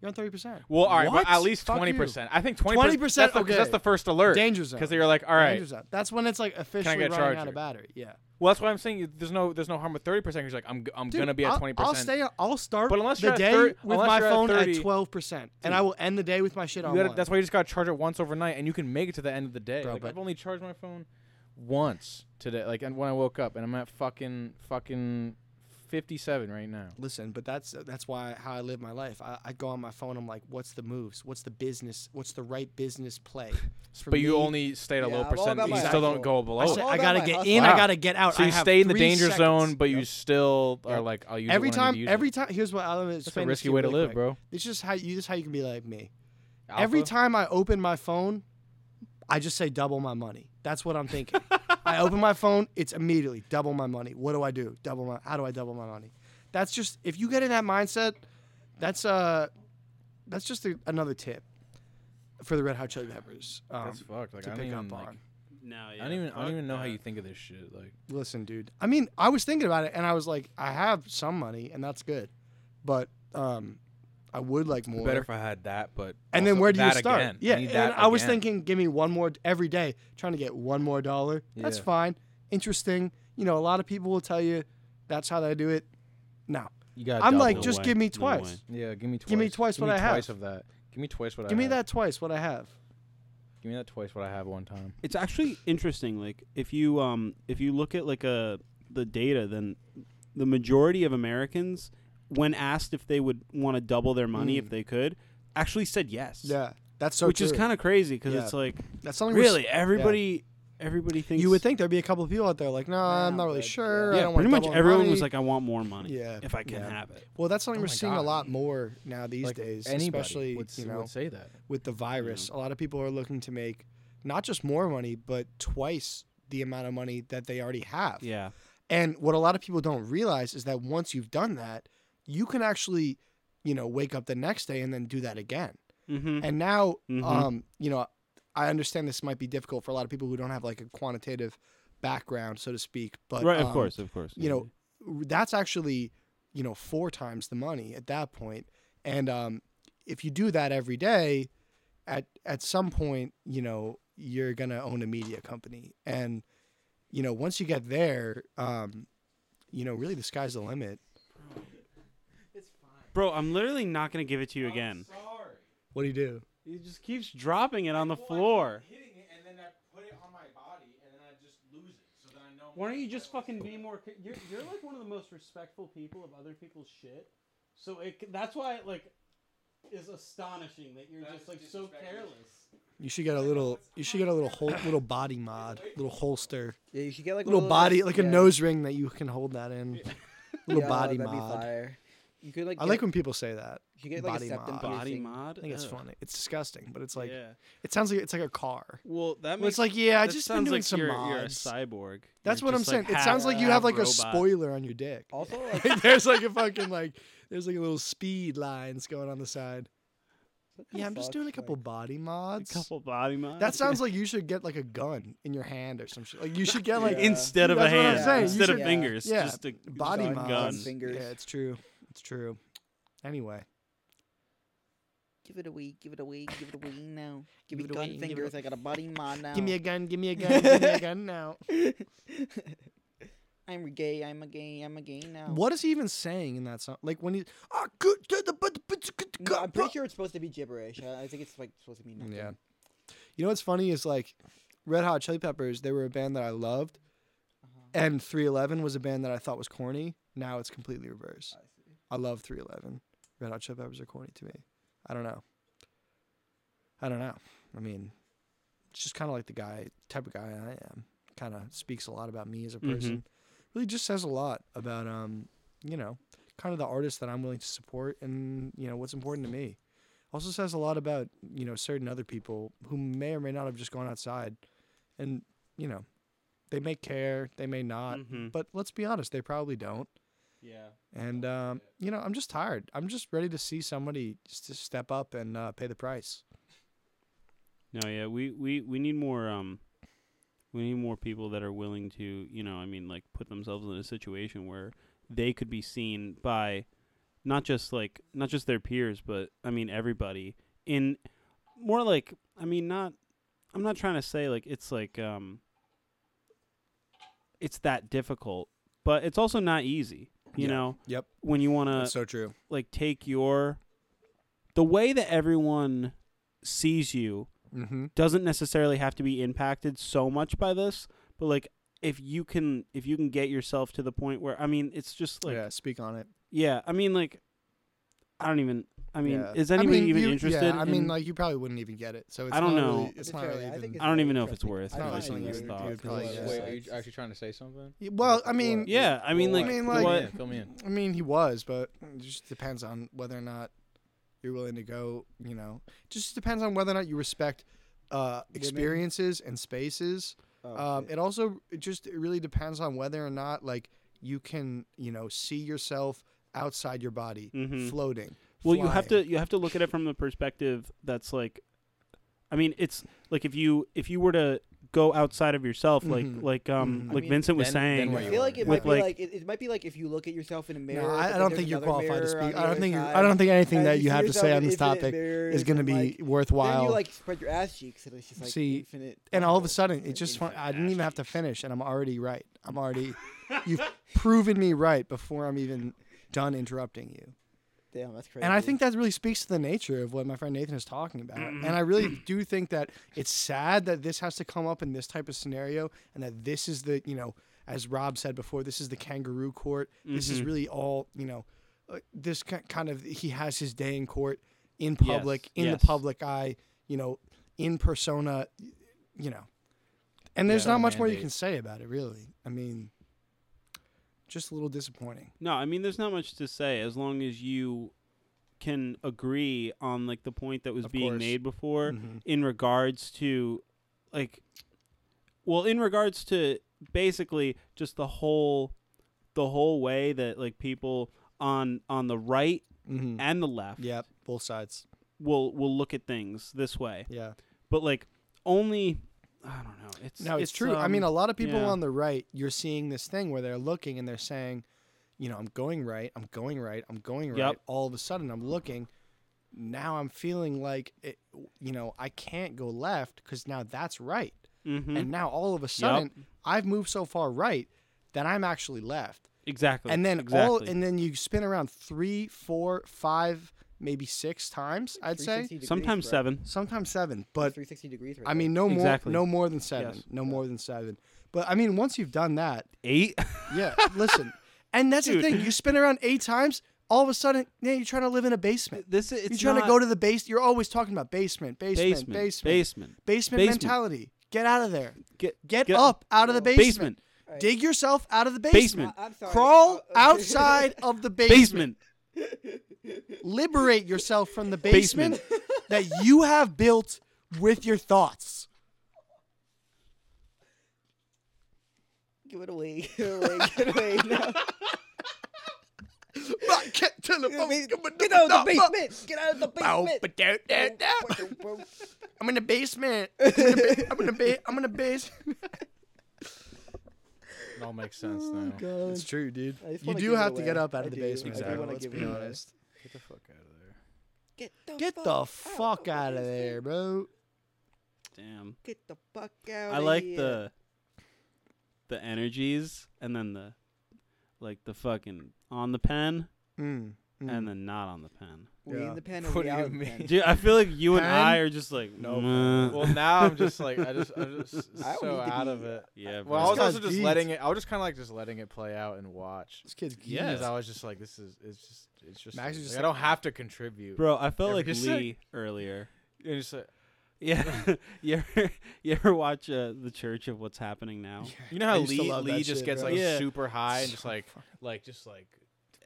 [SPEAKER 2] You're on thirty percent.
[SPEAKER 4] Well, all right,
[SPEAKER 2] What?
[SPEAKER 4] but at least
[SPEAKER 2] Fuck
[SPEAKER 4] twenty
[SPEAKER 2] you.
[SPEAKER 4] percent. I think twenty
[SPEAKER 2] 20%,
[SPEAKER 4] That's, the- 'cause that's
[SPEAKER 2] okay.
[SPEAKER 4] the first alert.
[SPEAKER 2] Danger zone.
[SPEAKER 4] Because you're like, all right.
[SPEAKER 2] Danger zone. That's when it's like officially
[SPEAKER 4] get a
[SPEAKER 2] running out
[SPEAKER 4] charger?
[SPEAKER 2] of battery. Yeah.
[SPEAKER 4] Well, that's why I'm saying you- there's no there's no harm with thirty percent. You're like, I'm g- I'm
[SPEAKER 2] Dude,
[SPEAKER 4] gonna be at
[SPEAKER 2] I'll-
[SPEAKER 4] twenty
[SPEAKER 2] I'll
[SPEAKER 4] percent.
[SPEAKER 2] stay. I'll start
[SPEAKER 4] But unless
[SPEAKER 2] the
[SPEAKER 4] you're at
[SPEAKER 2] day
[SPEAKER 4] thir-
[SPEAKER 2] with
[SPEAKER 4] unless
[SPEAKER 2] my
[SPEAKER 4] you're at
[SPEAKER 2] phone at
[SPEAKER 4] 30
[SPEAKER 2] twelve percent, and I will end the day with my shit on.
[SPEAKER 4] You gotta,
[SPEAKER 2] one.
[SPEAKER 4] that's why you just gotta charge it once overnight, and you can make it to the end of the day.
[SPEAKER 2] Bro,
[SPEAKER 4] like,
[SPEAKER 2] but-
[SPEAKER 4] I've only charged my phone once today, like and when I woke up, and I'm at fucking fucking fifty seven right now.
[SPEAKER 2] Listen, but that's that's why how I live my life. I, I go on my phone. I'm like, what's the moves? What's the business? What's the right business play? For
[SPEAKER 4] But you
[SPEAKER 2] me-
[SPEAKER 4] only stayed at
[SPEAKER 19] Yeah,
[SPEAKER 4] low
[SPEAKER 19] I'm all
[SPEAKER 4] percent.
[SPEAKER 19] about
[SPEAKER 4] You
[SPEAKER 19] my
[SPEAKER 4] still don't
[SPEAKER 19] hustle.
[SPEAKER 4] go
[SPEAKER 2] I,
[SPEAKER 4] below
[SPEAKER 19] Oh.
[SPEAKER 2] said,
[SPEAKER 4] it.
[SPEAKER 19] all
[SPEAKER 2] I
[SPEAKER 19] about
[SPEAKER 2] gotta
[SPEAKER 19] my
[SPEAKER 2] get
[SPEAKER 19] hustle.
[SPEAKER 2] in. I
[SPEAKER 4] Wow.
[SPEAKER 2] gotta get out.
[SPEAKER 4] So
[SPEAKER 2] I
[SPEAKER 4] you
[SPEAKER 2] have
[SPEAKER 4] stay in the
[SPEAKER 2] three
[SPEAKER 4] danger
[SPEAKER 2] seconds.
[SPEAKER 4] zone, but you
[SPEAKER 2] Yep.
[SPEAKER 4] still are like, I'll use it
[SPEAKER 2] every
[SPEAKER 4] when I need
[SPEAKER 2] time.
[SPEAKER 4] to use it.
[SPEAKER 2] every time. Here's what I'm
[SPEAKER 4] That's a risky way to live, bro.
[SPEAKER 2] It's just how you. This is how you can be like me.
[SPEAKER 4] Alpha?
[SPEAKER 2] Every time I open my phone, I just say double my money. That's what I'm thinking. I open my phone, it's immediately double my money. What do I do? Double my how do I double my money? That's just if you get in that mindset, that's uh that's just a, another tip for the Red Hot Chili Peppers. Um,
[SPEAKER 4] That's fucked. Like
[SPEAKER 2] to
[SPEAKER 4] I don't
[SPEAKER 2] pick
[SPEAKER 4] even
[SPEAKER 2] up
[SPEAKER 4] like,
[SPEAKER 2] on.
[SPEAKER 3] No,
[SPEAKER 4] I
[SPEAKER 3] yeah,
[SPEAKER 4] don't even I
[SPEAKER 3] fuck
[SPEAKER 4] don't even know how
[SPEAKER 3] that.
[SPEAKER 4] you think of this shit. Like
[SPEAKER 2] Listen, dude. I mean, I was thinking about it and I was like, I have some money and that's good. But um I would like more.
[SPEAKER 4] better if I had that, but
[SPEAKER 2] And
[SPEAKER 4] also
[SPEAKER 2] then where do you
[SPEAKER 4] that
[SPEAKER 2] start?
[SPEAKER 4] Again.
[SPEAKER 2] Yeah,
[SPEAKER 4] I need
[SPEAKER 2] and
[SPEAKER 4] that
[SPEAKER 2] I was
[SPEAKER 4] again.
[SPEAKER 2] thinking, give me one more every day, trying to get one more dollar. That's
[SPEAKER 4] Yeah.
[SPEAKER 2] fine, interesting. You know, a lot of people will tell you that's how they do it. No,
[SPEAKER 4] you got.
[SPEAKER 2] I'm like,
[SPEAKER 3] No
[SPEAKER 2] just
[SPEAKER 3] way.
[SPEAKER 2] give me
[SPEAKER 3] No
[SPEAKER 2] twice.
[SPEAKER 3] way.
[SPEAKER 4] yeah, give me twice.
[SPEAKER 2] give me twice
[SPEAKER 4] give
[SPEAKER 2] what
[SPEAKER 4] me
[SPEAKER 2] I have.
[SPEAKER 4] Twice of that. Give me twice what I.
[SPEAKER 2] give me
[SPEAKER 4] have.
[SPEAKER 2] that twice what I have.
[SPEAKER 4] Give me that twice what I have one time.
[SPEAKER 3] It's actually interesting. Like if you um if you look at like a the data, then the majority of Americans, when asked if they would want to double their money if they could, actually said yes.
[SPEAKER 2] Mm. Yeah, that's so.
[SPEAKER 3] which is kind of crazy because
[SPEAKER 2] Yeah.
[SPEAKER 3] it's like
[SPEAKER 2] that's something we're s-
[SPEAKER 3] really
[SPEAKER 2] yeah.
[SPEAKER 3] everybody everybody thinks
[SPEAKER 2] You would think there'd be a couple of people out there like, no, I'm not
[SPEAKER 19] Nah,
[SPEAKER 2] really
[SPEAKER 19] but-
[SPEAKER 2] sure. I
[SPEAKER 3] Yeah,
[SPEAKER 2] don't wanna
[SPEAKER 3] pretty much
[SPEAKER 2] double my
[SPEAKER 3] everyone was
[SPEAKER 2] money."
[SPEAKER 3] like, I want more money.
[SPEAKER 2] Yeah,
[SPEAKER 3] If I can
[SPEAKER 2] yeah.
[SPEAKER 3] have it.
[SPEAKER 2] Well, that's something
[SPEAKER 4] Oh
[SPEAKER 2] we're
[SPEAKER 4] my
[SPEAKER 2] seeing a
[SPEAKER 4] God.
[SPEAKER 2] lot more now these
[SPEAKER 4] Like,
[SPEAKER 2] days,
[SPEAKER 4] anybody
[SPEAKER 2] especially
[SPEAKER 4] would, s-
[SPEAKER 2] you
[SPEAKER 4] would
[SPEAKER 2] know
[SPEAKER 4] say that.
[SPEAKER 2] with the virus. A lot of people are looking to make not just more money, but twice the amount of money that they already have.
[SPEAKER 3] Yeah.
[SPEAKER 2] And what a lot of people don't realize is that once you've done that, you can actually, you know, wake up the next day and then do that again.
[SPEAKER 3] Mm-hmm.
[SPEAKER 2] And now,
[SPEAKER 3] Mhm.
[SPEAKER 2] um, you know, I understand this might be difficult for a lot of people who don't have like a quantitative background, so to speak. But
[SPEAKER 3] right, of
[SPEAKER 2] um,
[SPEAKER 3] course, of course.
[SPEAKER 2] you know, r- that's actually, you know, four times the money at that point. And um, if you do that every day, at at some point, you know, you're gonna own a media company. And you know, once you get there, um, you know, really the sky's the limit.
[SPEAKER 3] bro, I'm literally not gonna give it to you again.
[SPEAKER 2] What do you do?
[SPEAKER 3] He just keeps dropping it on the floor.
[SPEAKER 4] Hitting it and then I put it on my body and then I just lose it. So then I know.
[SPEAKER 3] Why don't you just fucking be more? c- You're you're like one of the most respectful people of other people's shit. So it c- that's why it like is astonishing that you're just like so careless.
[SPEAKER 2] You should get a little. You should get a little hol- little body mod, little holster,
[SPEAKER 19] Yeah, you should get like
[SPEAKER 2] little
[SPEAKER 19] one of those-
[SPEAKER 2] body, like a
[SPEAKER 19] yeah.
[SPEAKER 2] nose ring that you can hold that in. Little
[SPEAKER 19] Yeah,
[SPEAKER 2] body
[SPEAKER 19] that'd be
[SPEAKER 2] mod.
[SPEAKER 19] fire. You could like.
[SPEAKER 2] I
[SPEAKER 19] get-
[SPEAKER 2] like when people say that.
[SPEAKER 19] You should get like
[SPEAKER 2] body
[SPEAKER 19] a septum
[SPEAKER 2] mod.
[SPEAKER 3] Body
[SPEAKER 19] piercing.
[SPEAKER 3] mod.
[SPEAKER 2] I think it's funny. It's disgusting, but it's like
[SPEAKER 3] Oh. yeah.
[SPEAKER 2] it sounds like it's like a car.
[SPEAKER 3] Well, that
[SPEAKER 2] Well,
[SPEAKER 3] makes.
[SPEAKER 2] it's like, yeah, I
[SPEAKER 3] that
[SPEAKER 2] just been
[SPEAKER 3] sounds
[SPEAKER 2] doing
[SPEAKER 3] like
[SPEAKER 2] some
[SPEAKER 3] you're,
[SPEAKER 2] mods.
[SPEAKER 3] You're a cyborg.
[SPEAKER 2] That's
[SPEAKER 3] You're
[SPEAKER 2] what I'm
[SPEAKER 3] just, like,
[SPEAKER 2] saying. it
[SPEAKER 3] half-
[SPEAKER 2] sounds like you
[SPEAKER 3] half
[SPEAKER 2] have like a
[SPEAKER 3] robot.
[SPEAKER 2] spoiler on your dick.
[SPEAKER 19] Also, like,
[SPEAKER 2] Like, there's like a fucking like there's like a little speed lines going on the side. Yeah, I'm just doing a couple body
[SPEAKER 3] A
[SPEAKER 2] mods.
[SPEAKER 3] couple body mods.
[SPEAKER 2] That sounds like you should get like a gun in your hand or some shit. Like you should get like
[SPEAKER 19] Yeah.
[SPEAKER 3] instead of a
[SPEAKER 2] That's what I'm
[SPEAKER 3] hand,
[SPEAKER 2] saying. You
[SPEAKER 3] instead of
[SPEAKER 19] should-
[SPEAKER 3] fingers,
[SPEAKER 2] yeah,
[SPEAKER 3] just a
[SPEAKER 2] body
[SPEAKER 3] just a
[SPEAKER 19] mods.
[SPEAKER 3] gun.
[SPEAKER 19] Thing. fingers.
[SPEAKER 2] Yeah, it's true. It's true. Anyway,
[SPEAKER 19] Give it away, give it away, give it away now.
[SPEAKER 2] Give
[SPEAKER 19] Give, me
[SPEAKER 2] it
[SPEAKER 19] gun
[SPEAKER 2] away, give it
[SPEAKER 19] fingers. I got a body mod now.
[SPEAKER 2] give me a gun. Give me a gun. give me a gun now.
[SPEAKER 19] I'm gay. I'm a gay. I'm a gay now.
[SPEAKER 2] What is he even saying in that song? Like when he, ah, good, the but
[SPEAKER 19] No, I'm pretty sure it's supposed to be gibberish. I I think it's like supposed to mean nothing.
[SPEAKER 2] Mm, Yeah. You know what's funny is like Red Hot Chili Peppers, they were a band that I loved.
[SPEAKER 19] Uh-huh.
[SPEAKER 2] And 311 was a band that I thought was corny. Now it's completely reverse. I, love 311. Red Hot Chili Peppers are corny to me. I don't know. I don't know. I mean, it's just kind of like the guy, type of guy I am. Kind of speaks a lot about me as a
[SPEAKER 3] Mhm.
[SPEAKER 2] person. Really just says a lot about, um, you know, kind of the artist that I'm willing to support and, you know, what's important to me also says a lot about you know certain other people who may or may not have just gone outside and you know they may care they may not but let's be honest they probably don't
[SPEAKER 3] Yeah.
[SPEAKER 2] and um, you know i'm just tired i'm just ready to see somebody just to step up and uh, pay the price
[SPEAKER 3] No, yeah, we, we, we need more um we need more people that are willing to, you know, I mean like put themselves in a situation where they could be seen by not just like not just their peers, but I mean everybody in more like I mean not I'm not trying to say like it's like um it's that difficult, but it's also not easy, you
[SPEAKER 2] Yeah.
[SPEAKER 3] know.
[SPEAKER 2] Yep.
[SPEAKER 3] When you want to
[SPEAKER 2] That's so true.
[SPEAKER 3] like take your the way that everyone sees you
[SPEAKER 2] Mhm.
[SPEAKER 3] doesn't necessarily have to be impacted so much by this but like if you can if you can get yourself to the point where i mean it's just like
[SPEAKER 2] yeah speak on it
[SPEAKER 3] yeah i mean like i don't even i mean
[SPEAKER 2] Yeah.
[SPEAKER 3] is
[SPEAKER 2] I
[SPEAKER 3] anybody
[SPEAKER 2] mean,
[SPEAKER 3] even
[SPEAKER 2] you-
[SPEAKER 3] interested
[SPEAKER 2] yeah, i mean
[SPEAKER 3] in-
[SPEAKER 2] like you probably wouldn't even get it so it's
[SPEAKER 3] I don't
[SPEAKER 2] not
[SPEAKER 3] know.
[SPEAKER 2] really, it's,
[SPEAKER 3] It's
[SPEAKER 2] not
[SPEAKER 3] very-
[SPEAKER 2] really
[SPEAKER 3] I
[SPEAKER 2] even,
[SPEAKER 3] I don't even know if it's worth
[SPEAKER 2] not
[SPEAKER 3] releasing
[SPEAKER 2] really
[SPEAKER 3] this
[SPEAKER 2] worth
[SPEAKER 3] thought.
[SPEAKER 2] it. Probably
[SPEAKER 3] because-
[SPEAKER 2] just-
[SPEAKER 4] Wait, are you actually trying to say something?
[SPEAKER 2] Yeah, Well, I mean,
[SPEAKER 3] Yeah, I mean, like,
[SPEAKER 2] I mean,
[SPEAKER 3] Fill
[SPEAKER 2] like,
[SPEAKER 3] me in,
[SPEAKER 4] fill me in.
[SPEAKER 2] I mean, he was, but it just depends on whether or not you're willing to go. You know, It just depends on whether or not you respect uh, experiences and spaces. um, it also it just it really depends on whether or not like you can you know see yourself outside your body,
[SPEAKER 3] Mhm.
[SPEAKER 2] floating.
[SPEAKER 3] Well, you have
[SPEAKER 2] flying.
[SPEAKER 3] to you have to look at it from the perspective that's like, I mean, it's like if you if you were to go outside of yourself,
[SPEAKER 2] Mhm.
[SPEAKER 3] like like um
[SPEAKER 2] Mhm.
[SPEAKER 3] like
[SPEAKER 2] mean,
[SPEAKER 3] Vincent was
[SPEAKER 4] then- then
[SPEAKER 3] saying,
[SPEAKER 4] where
[SPEAKER 19] I
[SPEAKER 4] you
[SPEAKER 19] feel like it might
[SPEAKER 3] with
[SPEAKER 19] be
[SPEAKER 3] like,
[SPEAKER 19] like, it, it might be like if you look at yourself in a mirror.
[SPEAKER 2] No,
[SPEAKER 19] but
[SPEAKER 2] I, I
[SPEAKER 19] then
[SPEAKER 2] don't
[SPEAKER 19] there's
[SPEAKER 2] think you're
[SPEAKER 19] another
[SPEAKER 2] qualified to
[SPEAKER 19] mirror on
[SPEAKER 2] speak.
[SPEAKER 19] the
[SPEAKER 2] I don't
[SPEAKER 19] other
[SPEAKER 2] think you.
[SPEAKER 19] side,
[SPEAKER 2] I don't think anything
[SPEAKER 19] and
[SPEAKER 2] that
[SPEAKER 19] you
[SPEAKER 2] you
[SPEAKER 19] see
[SPEAKER 2] have to
[SPEAKER 19] yourself
[SPEAKER 2] say
[SPEAKER 19] in
[SPEAKER 2] on this
[SPEAKER 19] infinite
[SPEAKER 2] topic
[SPEAKER 19] mirrors
[SPEAKER 2] is going to
[SPEAKER 19] and,
[SPEAKER 2] be
[SPEAKER 19] like, Then
[SPEAKER 2] worthwhile.
[SPEAKER 19] you like spread your ass cheeks and it's just like
[SPEAKER 2] See,
[SPEAKER 19] infinite.
[SPEAKER 2] and all of a
[SPEAKER 19] possibilities.
[SPEAKER 2] sudden it just fun- I didn't even have to finish, and I'm already right. I'm already you've proven me right before I'm even done interrupting you.
[SPEAKER 19] Damn, that's crazy.
[SPEAKER 2] And I think that really speaks to the nature of what my friend Nathan is talking about. And I really do think that it's sad that this has to come up in this type of scenario, and that this is the you know, as Rob said before, this is the kangaroo court. This is
[SPEAKER 3] Mhm.
[SPEAKER 2] really all you know. Uh, this ki- kind of he has his day in court, in public,
[SPEAKER 3] Yes,
[SPEAKER 2] in
[SPEAKER 3] yes.
[SPEAKER 2] the public eye, you know, in persona, you know. And there's
[SPEAKER 4] Yeah,
[SPEAKER 2] not much more you
[SPEAKER 4] mandate.
[SPEAKER 2] can say about it, really. I mean, just a little disappointing.
[SPEAKER 3] no, I mean, there's not much to say as long as you can agree on like the point that was
[SPEAKER 2] Of
[SPEAKER 3] being
[SPEAKER 2] course.
[SPEAKER 3] made before
[SPEAKER 2] Mhm.
[SPEAKER 3] in regards to like, well, in regards to basically just the whole the whole way that like people on on the right
[SPEAKER 2] Mhm.
[SPEAKER 3] and the left
[SPEAKER 2] Yep, both sides.
[SPEAKER 3] will will look at things this way.
[SPEAKER 2] Yeah.
[SPEAKER 3] But like only I don't know. It's
[SPEAKER 2] No, it's, true. I
[SPEAKER 3] um,
[SPEAKER 2] mean, a lot of people
[SPEAKER 3] yeah.
[SPEAKER 2] on the right, you're seeing this thing where they're looking and they're saying, you know, I'm going right, I'm going right, I'm going right.
[SPEAKER 3] Yep.
[SPEAKER 2] All of a sudden, I'm looking. Now I'm feeling like, it, you know, I can't go left because now that's right.
[SPEAKER 3] Mhm.
[SPEAKER 2] And now all of a sudden, I've moved so far right that I'm actually left.
[SPEAKER 3] exactly.
[SPEAKER 2] And then
[SPEAKER 3] exactly.
[SPEAKER 2] all, and then you spin around three, four, five, maybe six times. I'd say
[SPEAKER 19] 360 degrees,
[SPEAKER 3] sometimes
[SPEAKER 19] bro.
[SPEAKER 3] seven.
[SPEAKER 2] sometimes seven, but
[SPEAKER 19] 360 degrees. Right
[SPEAKER 2] I mean, no
[SPEAKER 3] Exactly.
[SPEAKER 2] more, no more than seven,
[SPEAKER 3] Yes.
[SPEAKER 2] no more than seven. But I mean, once you've done that,
[SPEAKER 3] Eight?
[SPEAKER 2] yeah. Listen, and that's
[SPEAKER 3] Dude.
[SPEAKER 2] the thing. You spin around eight times. All of a sudden, yeah, you're trying to live in a basement.
[SPEAKER 3] This is-
[SPEAKER 2] you're
[SPEAKER 3] it's
[SPEAKER 2] trying
[SPEAKER 3] not-
[SPEAKER 2] to go to the base. You're always talking about basement, basement,
[SPEAKER 3] Basement,
[SPEAKER 2] basement,
[SPEAKER 3] basement,
[SPEAKER 2] basement,
[SPEAKER 3] basement.
[SPEAKER 2] mentality. Get out of there.
[SPEAKER 3] Get-
[SPEAKER 2] get,
[SPEAKER 3] get-
[SPEAKER 2] up out of the
[SPEAKER 3] Basement.
[SPEAKER 2] basement. Dig yourself out of the basement.
[SPEAKER 3] Basement.
[SPEAKER 19] I- I'm sorry.
[SPEAKER 1] Oh,
[SPEAKER 2] Crawl
[SPEAKER 19] Uh, uh,
[SPEAKER 2] outside of the
[SPEAKER 3] Basement.
[SPEAKER 2] liberate yourself from the
[SPEAKER 3] Basement.
[SPEAKER 2] basement, that you have built with your thoughts.
[SPEAKER 19] give it away, give it away, give it away. No.
[SPEAKER 2] Get to Oh, the
[SPEAKER 19] Get out of the basement. Get out of the basement.
[SPEAKER 2] I'm in the basement. I'm in the, ba- I'm in the, ba- I'm in the basement.
[SPEAKER 4] It all makes sense
[SPEAKER 2] Oh,
[SPEAKER 4] now.
[SPEAKER 2] It's true, dude.
[SPEAKER 19] I just
[SPEAKER 2] You
[SPEAKER 19] wanna
[SPEAKER 2] do
[SPEAKER 19] give it
[SPEAKER 2] have to
[SPEAKER 19] away.
[SPEAKER 2] get up out
[SPEAKER 19] I
[SPEAKER 2] of the
[SPEAKER 19] do.
[SPEAKER 2] basement.
[SPEAKER 19] I do
[SPEAKER 2] bro,
[SPEAKER 19] wanna
[SPEAKER 2] let's
[SPEAKER 19] give
[SPEAKER 2] be
[SPEAKER 19] it away.
[SPEAKER 2] honest.
[SPEAKER 4] Get the fuck out of there.
[SPEAKER 19] Get the
[SPEAKER 2] Get the fuck out of there, bro.
[SPEAKER 3] Damn.
[SPEAKER 19] Get the fuck out.
[SPEAKER 3] I like the the energies and then the like the fucking on the pen
[SPEAKER 2] mm, mm.
[SPEAKER 3] and then not on the pen.
[SPEAKER 19] We yeah. in the pen and what we out the pen.
[SPEAKER 3] Dude, I feel like you and I are just like
[SPEAKER 4] no.
[SPEAKER 3] Nope.
[SPEAKER 4] Well, now I'm just like I just I'm just so out of it.
[SPEAKER 3] Yeah.
[SPEAKER 4] Well, I was also just letting it. I was just kind of like just letting it play out and watch.
[SPEAKER 2] This kid's
[SPEAKER 4] yeah. Because I was just like, this is it's just it's just. Max is just I don't have to contribute,
[SPEAKER 3] bro. I felt like Lee earlier.
[SPEAKER 4] And just like,
[SPEAKER 3] yeah, you ever you ever watch uh, the Church of What's Happening Now?
[SPEAKER 4] You know how Lee Lee just shit, gets bro. like yeah. super high and just like like just like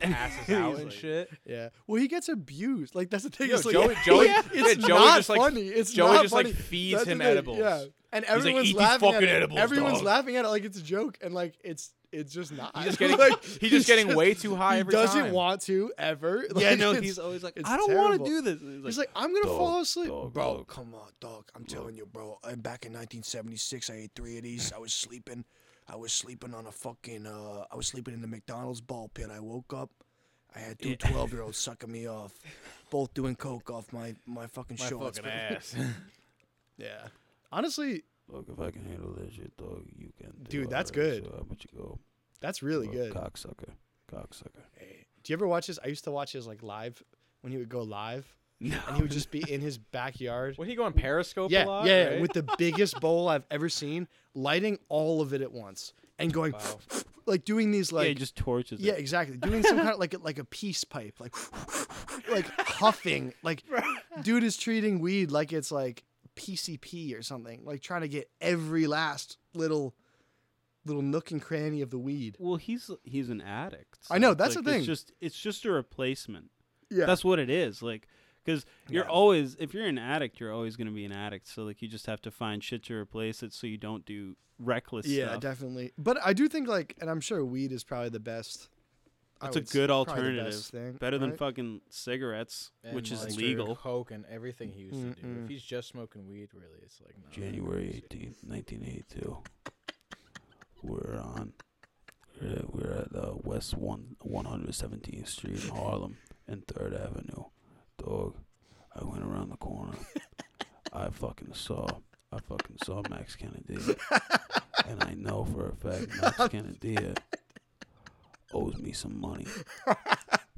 [SPEAKER 4] passes out and
[SPEAKER 2] like,
[SPEAKER 4] shit.
[SPEAKER 2] Yeah. Well, he gets abused. Like that's the thing. Yo,
[SPEAKER 4] Joey, like, Joey,
[SPEAKER 2] yeah, it's
[SPEAKER 4] yeah,
[SPEAKER 2] Joey not just, like, funny. It's
[SPEAKER 4] Joey
[SPEAKER 2] not
[SPEAKER 4] just
[SPEAKER 2] funny.
[SPEAKER 4] like feeds
[SPEAKER 2] that's
[SPEAKER 4] him
[SPEAKER 2] thing,
[SPEAKER 4] edibles.
[SPEAKER 2] Yeah. And
[SPEAKER 4] He's like,
[SPEAKER 2] everyone's
[SPEAKER 4] "Eat these
[SPEAKER 2] laughing at
[SPEAKER 4] fucking
[SPEAKER 2] it.
[SPEAKER 4] edibles,
[SPEAKER 2] Everyone's
[SPEAKER 4] dog."
[SPEAKER 2] laughing at it like it's a joke, and like it's it's just not.
[SPEAKER 4] He's just getting
[SPEAKER 2] Like,
[SPEAKER 4] he's just getting way too high
[SPEAKER 2] he
[SPEAKER 4] every
[SPEAKER 2] doesn't
[SPEAKER 4] time.
[SPEAKER 2] want to ever.
[SPEAKER 3] yeah,
[SPEAKER 2] Like,
[SPEAKER 3] no,
[SPEAKER 2] it's-
[SPEAKER 3] he's always like,
[SPEAKER 2] it's
[SPEAKER 3] I don't want to
[SPEAKER 2] terrible.
[SPEAKER 3] do this. And
[SPEAKER 2] He's like, I'm gonna fall asleep,
[SPEAKER 10] bro, come on, dog. I'm telling you, bro. I, back in 1976, I ate three of these. I was sleeping. I was sleeping on a fucking. Uh, I was sleeping in the McDonald's ball pit. I woke up. I had two 12 year olds sucking me off, both doing coke off my my fucking
[SPEAKER 4] My
[SPEAKER 10] shorts.
[SPEAKER 4] fucking ass.
[SPEAKER 2] Yeah. Honestly,
[SPEAKER 22] Look, if I can handle that shit, dog, you can. do
[SPEAKER 2] Dude,
[SPEAKER 22] it,
[SPEAKER 2] that's
[SPEAKER 22] alright?
[SPEAKER 2] good.
[SPEAKER 22] So how about you go?
[SPEAKER 2] that's really
[SPEAKER 22] Look,
[SPEAKER 2] good.
[SPEAKER 22] Cocksucker. Cocksucker.
[SPEAKER 2] Do you ever watch his? I used to watch his like live when he would go live,
[SPEAKER 3] No.
[SPEAKER 2] and he would just be in his backyard.
[SPEAKER 4] When he go on Periscope
[SPEAKER 2] Yeah,
[SPEAKER 4] a lot,
[SPEAKER 2] yeah,
[SPEAKER 4] right?
[SPEAKER 2] with the biggest bowl I've ever seen, lighting all of it at once and going like doing these like
[SPEAKER 3] yeah, he just torches.
[SPEAKER 2] yeah,
[SPEAKER 3] it.
[SPEAKER 2] exactly. Doing some kind of like like a peace pipe, like like huffing. Like dude is treating weed like it's like PCP or something. Like trying to get every last little little nook and cranny of the weed.
[SPEAKER 3] Well, he's he's an addict.
[SPEAKER 2] I know,
[SPEAKER 3] so it's
[SPEAKER 2] that's the
[SPEAKER 3] like,
[SPEAKER 2] thing.
[SPEAKER 3] It's just it's just a replacement.
[SPEAKER 2] Yeah.
[SPEAKER 3] that's what it is. Like, because you're always if you're an addict, you're always gonna be an addict. So like, you just have to find shit to replace it, so you don't do reckless.
[SPEAKER 2] yeah,
[SPEAKER 3] stuff.
[SPEAKER 2] definitely. But I do think like, and I'm sure weed is probably the best. I
[SPEAKER 3] That's a
[SPEAKER 2] would s-
[SPEAKER 3] good
[SPEAKER 2] probably the
[SPEAKER 3] alternative.
[SPEAKER 2] best thing,
[SPEAKER 3] Better than
[SPEAKER 2] right?
[SPEAKER 3] fucking cigarettes,
[SPEAKER 4] And,
[SPEAKER 3] which
[SPEAKER 4] like,
[SPEAKER 3] is legal.
[SPEAKER 4] coke and everything he used to do.
[SPEAKER 2] Mm-mm.
[SPEAKER 4] If he's just smoking weed, really, it's like no.
[SPEAKER 22] January 18th, 1982. We're on. We're at, we're at uh, West one, 117th Street in Harlem and 3rd Avenue. Dog, I went around the corner. I fucking saw. I fucking saw Max Kennedy. and I know for a fact Max Kennedy owes me some money.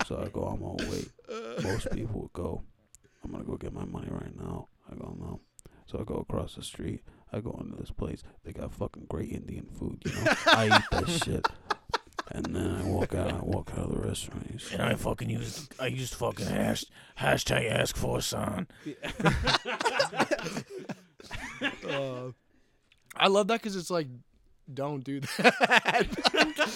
[SPEAKER 22] So I go, I'm gonna wait. Most people would go, I'm gonna go get my money right now. I go, no. So I go across the street. I go into this place. They got fucking great Indian food, you know? I eat that shit. And then I walk out. I walk out of the restaurant. you see-
[SPEAKER 9] And I fucking used I used fucking hash, hashtag ask for a sign.
[SPEAKER 2] Uh, I love that because it's like, don't do that.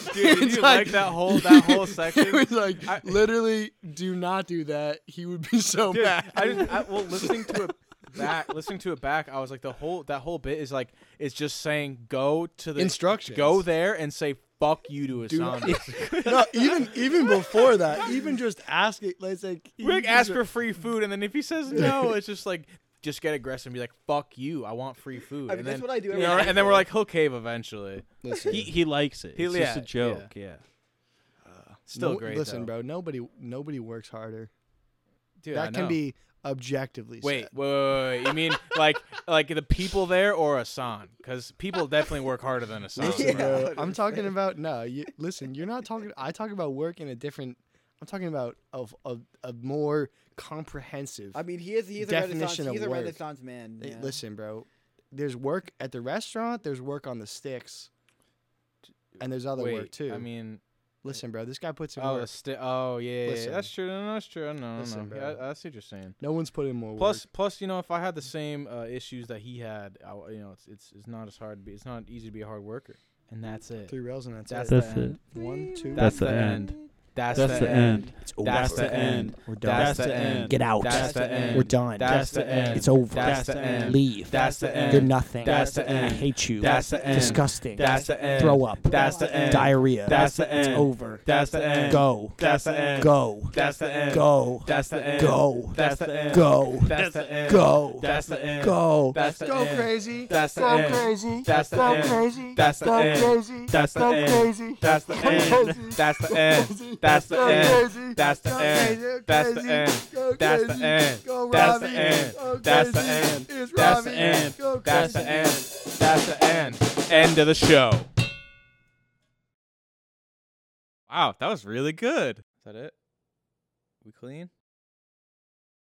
[SPEAKER 4] Dude, did
[SPEAKER 2] It's
[SPEAKER 4] you like that whole that whole section?
[SPEAKER 2] It was like
[SPEAKER 4] I-
[SPEAKER 2] literally, do not do that. He would be so
[SPEAKER 4] Dude,
[SPEAKER 2] mad.
[SPEAKER 4] I just I, well listening to it back, listening to it back, I was like the whole that whole bit is like it's just saying go to the
[SPEAKER 2] Instructions.
[SPEAKER 4] go there and say fuck you to
[SPEAKER 2] Do
[SPEAKER 4] Asana.
[SPEAKER 2] no, even even before that, even just asking, like, it's like he
[SPEAKER 4] Rick
[SPEAKER 2] was
[SPEAKER 4] ask
[SPEAKER 2] a-
[SPEAKER 4] for free food, and then if he says no, it's just like just get aggressive and be like fuck you, I want free food.
[SPEAKER 19] I
[SPEAKER 4] and
[SPEAKER 19] mean, that's
[SPEAKER 4] then,
[SPEAKER 19] what I do
[SPEAKER 4] you
[SPEAKER 19] every
[SPEAKER 4] know,
[SPEAKER 19] night.
[SPEAKER 4] and then we're like he'll cave eventually.
[SPEAKER 2] Listen,
[SPEAKER 3] He he likes it.
[SPEAKER 4] He-
[SPEAKER 3] it's
[SPEAKER 4] yeah,
[SPEAKER 3] just a
[SPEAKER 4] yeah.
[SPEAKER 3] joke. Yeah.
[SPEAKER 4] Still
[SPEAKER 2] no-
[SPEAKER 4] great.
[SPEAKER 2] Listen,
[SPEAKER 4] though.
[SPEAKER 2] bro, nobody nobody works harder.
[SPEAKER 4] Dude, I
[SPEAKER 2] that can
[SPEAKER 4] know.
[SPEAKER 2] be objectively
[SPEAKER 4] Wait,
[SPEAKER 2] said.
[SPEAKER 4] wait, wait, wait, wait. You mean like like the people there or Asan? Because people definitely work harder than Asan.
[SPEAKER 2] Listen,
[SPEAKER 4] bro.
[SPEAKER 2] bro, I'm talking about no. You listen. You're not talking. I talk about work in a different. I'm talking about of a, a more comprehensive.
[SPEAKER 19] I mean, he is he is a renaissance.
[SPEAKER 2] Definition of
[SPEAKER 19] He's a
[SPEAKER 2] work.
[SPEAKER 19] renaissance man.
[SPEAKER 2] Hey,
[SPEAKER 19] yeah.
[SPEAKER 2] Listen, bro. There's work at the restaurant. There's work on the sticks, and there's other
[SPEAKER 4] Wait,
[SPEAKER 2] work too.
[SPEAKER 4] I mean,
[SPEAKER 2] listen, bro. This guy puts in
[SPEAKER 4] oh, the
[SPEAKER 2] work.
[SPEAKER 4] sti- oh yeah, yeah, yeah,
[SPEAKER 2] Listen.
[SPEAKER 4] that's true. No, no, that's true. No, no,
[SPEAKER 2] Listen,
[SPEAKER 4] no. Yeah,
[SPEAKER 2] bro.
[SPEAKER 4] I, I see what you're saying.
[SPEAKER 2] No one's put in more
[SPEAKER 4] Plus,
[SPEAKER 2] work.
[SPEAKER 4] plus, you know, if I had the same uh, issues that he had, I, w- you know, it's it's it's not as hard to be. It's not easy to be a hard worker, and that's it.
[SPEAKER 2] Three rails and that's,
[SPEAKER 4] That's
[SPEAKER 2] it.
[SPEAKER 4] the That's end.
[SPEAKER 2] One, two.
[SPEAKER 4] That's,
[SPEAKER 3] the
[SPEAKER 4] the end. That's,
[SPEAKER 3] That's
[SPEAKER 4] the
[SPEAKER 3] the
[SPEAKER 4] end.
[SPEAKER 3] end.
[SPEAKER 10] It's
[SPEAKER 4] That's
[SPEAKER 10] over.
[SPEAKER 4] the end.
[SPEAKER 10] We're done.
[SPEAKER 4] That's the
[SPEAKER 3] end.
[SPEAKER 4] end.
[SPEAKER 10] Get out.
[SPEAKER 4] That's the end.
[SPEAKER 10] We're done.
[SPEAKER 4] That's the end.
[SPEAKER 10] It's over.
[SPEAKER 4] That's the end.
[SPEAKER 10] Leave.
[SPEAKER 4] That's the end.
[SPEAKER 10] You're nothing.
[SPEAKER 4] That's the
[SPEAKER 10] I
[SPEAKER 4] end.
[SPEAKER 10] hate you.
[SPEAKER 4] That's the end.
[SPEAKER 10] Disgusting.
[SPEAKER 4] That's the end.
[SPEAKER 10] Throw up.
[SPEAKER 4] That's the end.
[SPEAKER 10] Diarrhea.
[SPEAKER 4] That's the
[SPEAKER 10] It's
[SPEAKER 4] end.
[SPEAKER 10] over.
[SPEAKER 4] That's the end.
[SPEAKER 10] Go.
[SPEAKER 4] That's the end.
[SPEAKER 10] Go.
[SPEAKER 4] That's the end.
[SPEAKER 10] Go.
[SPEAKER 4] That's the end.
[SPEAKER 10] Go.
[SPEAKER 4] That's the end.
[SPEAKER 10] Go.
[SPEAKER 4] That's the end.
[SPEAKER 10] Go.
[SPEAKER 4] That's the end.
[SPEAKER 10] Go.
[SPEAKER 4] That's the
[SPEAKER 2] Go
[SPEAKER 4] end.
[SPEAKER 2] crazy.
[SPEAKER 4] That's the
[SPEAKER 2] Go
[SPEAKER 4] end.
[SPEAKER 2] crazy.
[SPEAKER 4] That's the
[SPEAKER 2] Go
[SPEAKER 4] end.
[SPEAKER 2] crazy.
[SPEAKER 4] That's the
[SPEAKER 2] Go
[SPEAKER 4] end.
[SPEAKER 2] crazy.
[SPEAKER 4] That's the
[SPEAKER 2] Go
[SPEAKER 4] end.
[SPEAKER 2] crazy.
[SPEAKER 4] That's the
[SPEAKER 2] Go crazy.
[SPEAKER 4] end. That's the end. That's the
[SPEAKER 2] Go
[SPEAKER 4] end.
[SPEAKER 2] crazy.
[SPEAKER 4] That's the
[SPEAKER 2] Go
[SPEAKER 4] end.
[SPEAKER 2] crazy.
[SPEAKER 4] That's the
[SPEAKER 2] Crazy.
[SPEAKER 4] end.
[SPEAKER 2] Go
[SPEAKER 4] That's the
[SPEAKER 2] crazy.
[SPEAKER 4] end.
[SPEAKER 2] Go
[SPEAKER 4] That's the
[SPEAKER 2] Robbie.
[SPEAKER 4] end.
[SPEAKER 2] Go
[SPEAKER 4] That's the
[SPEAKER 2] crazy.
[SPEAKER 4] end.
[SPEAKER 2] It's
[SPEAKER 4] That's the
[SPEAKER 2] Robbie.
[SPEAKER 4] end.
[SPEAKER 2] Go
[SPEAKER 4] That's the
[SPEAKER 2] crazy.
[SPEAKER 4] end. That's the end. End of the show. Wow, that was really good. Is that it? We clean?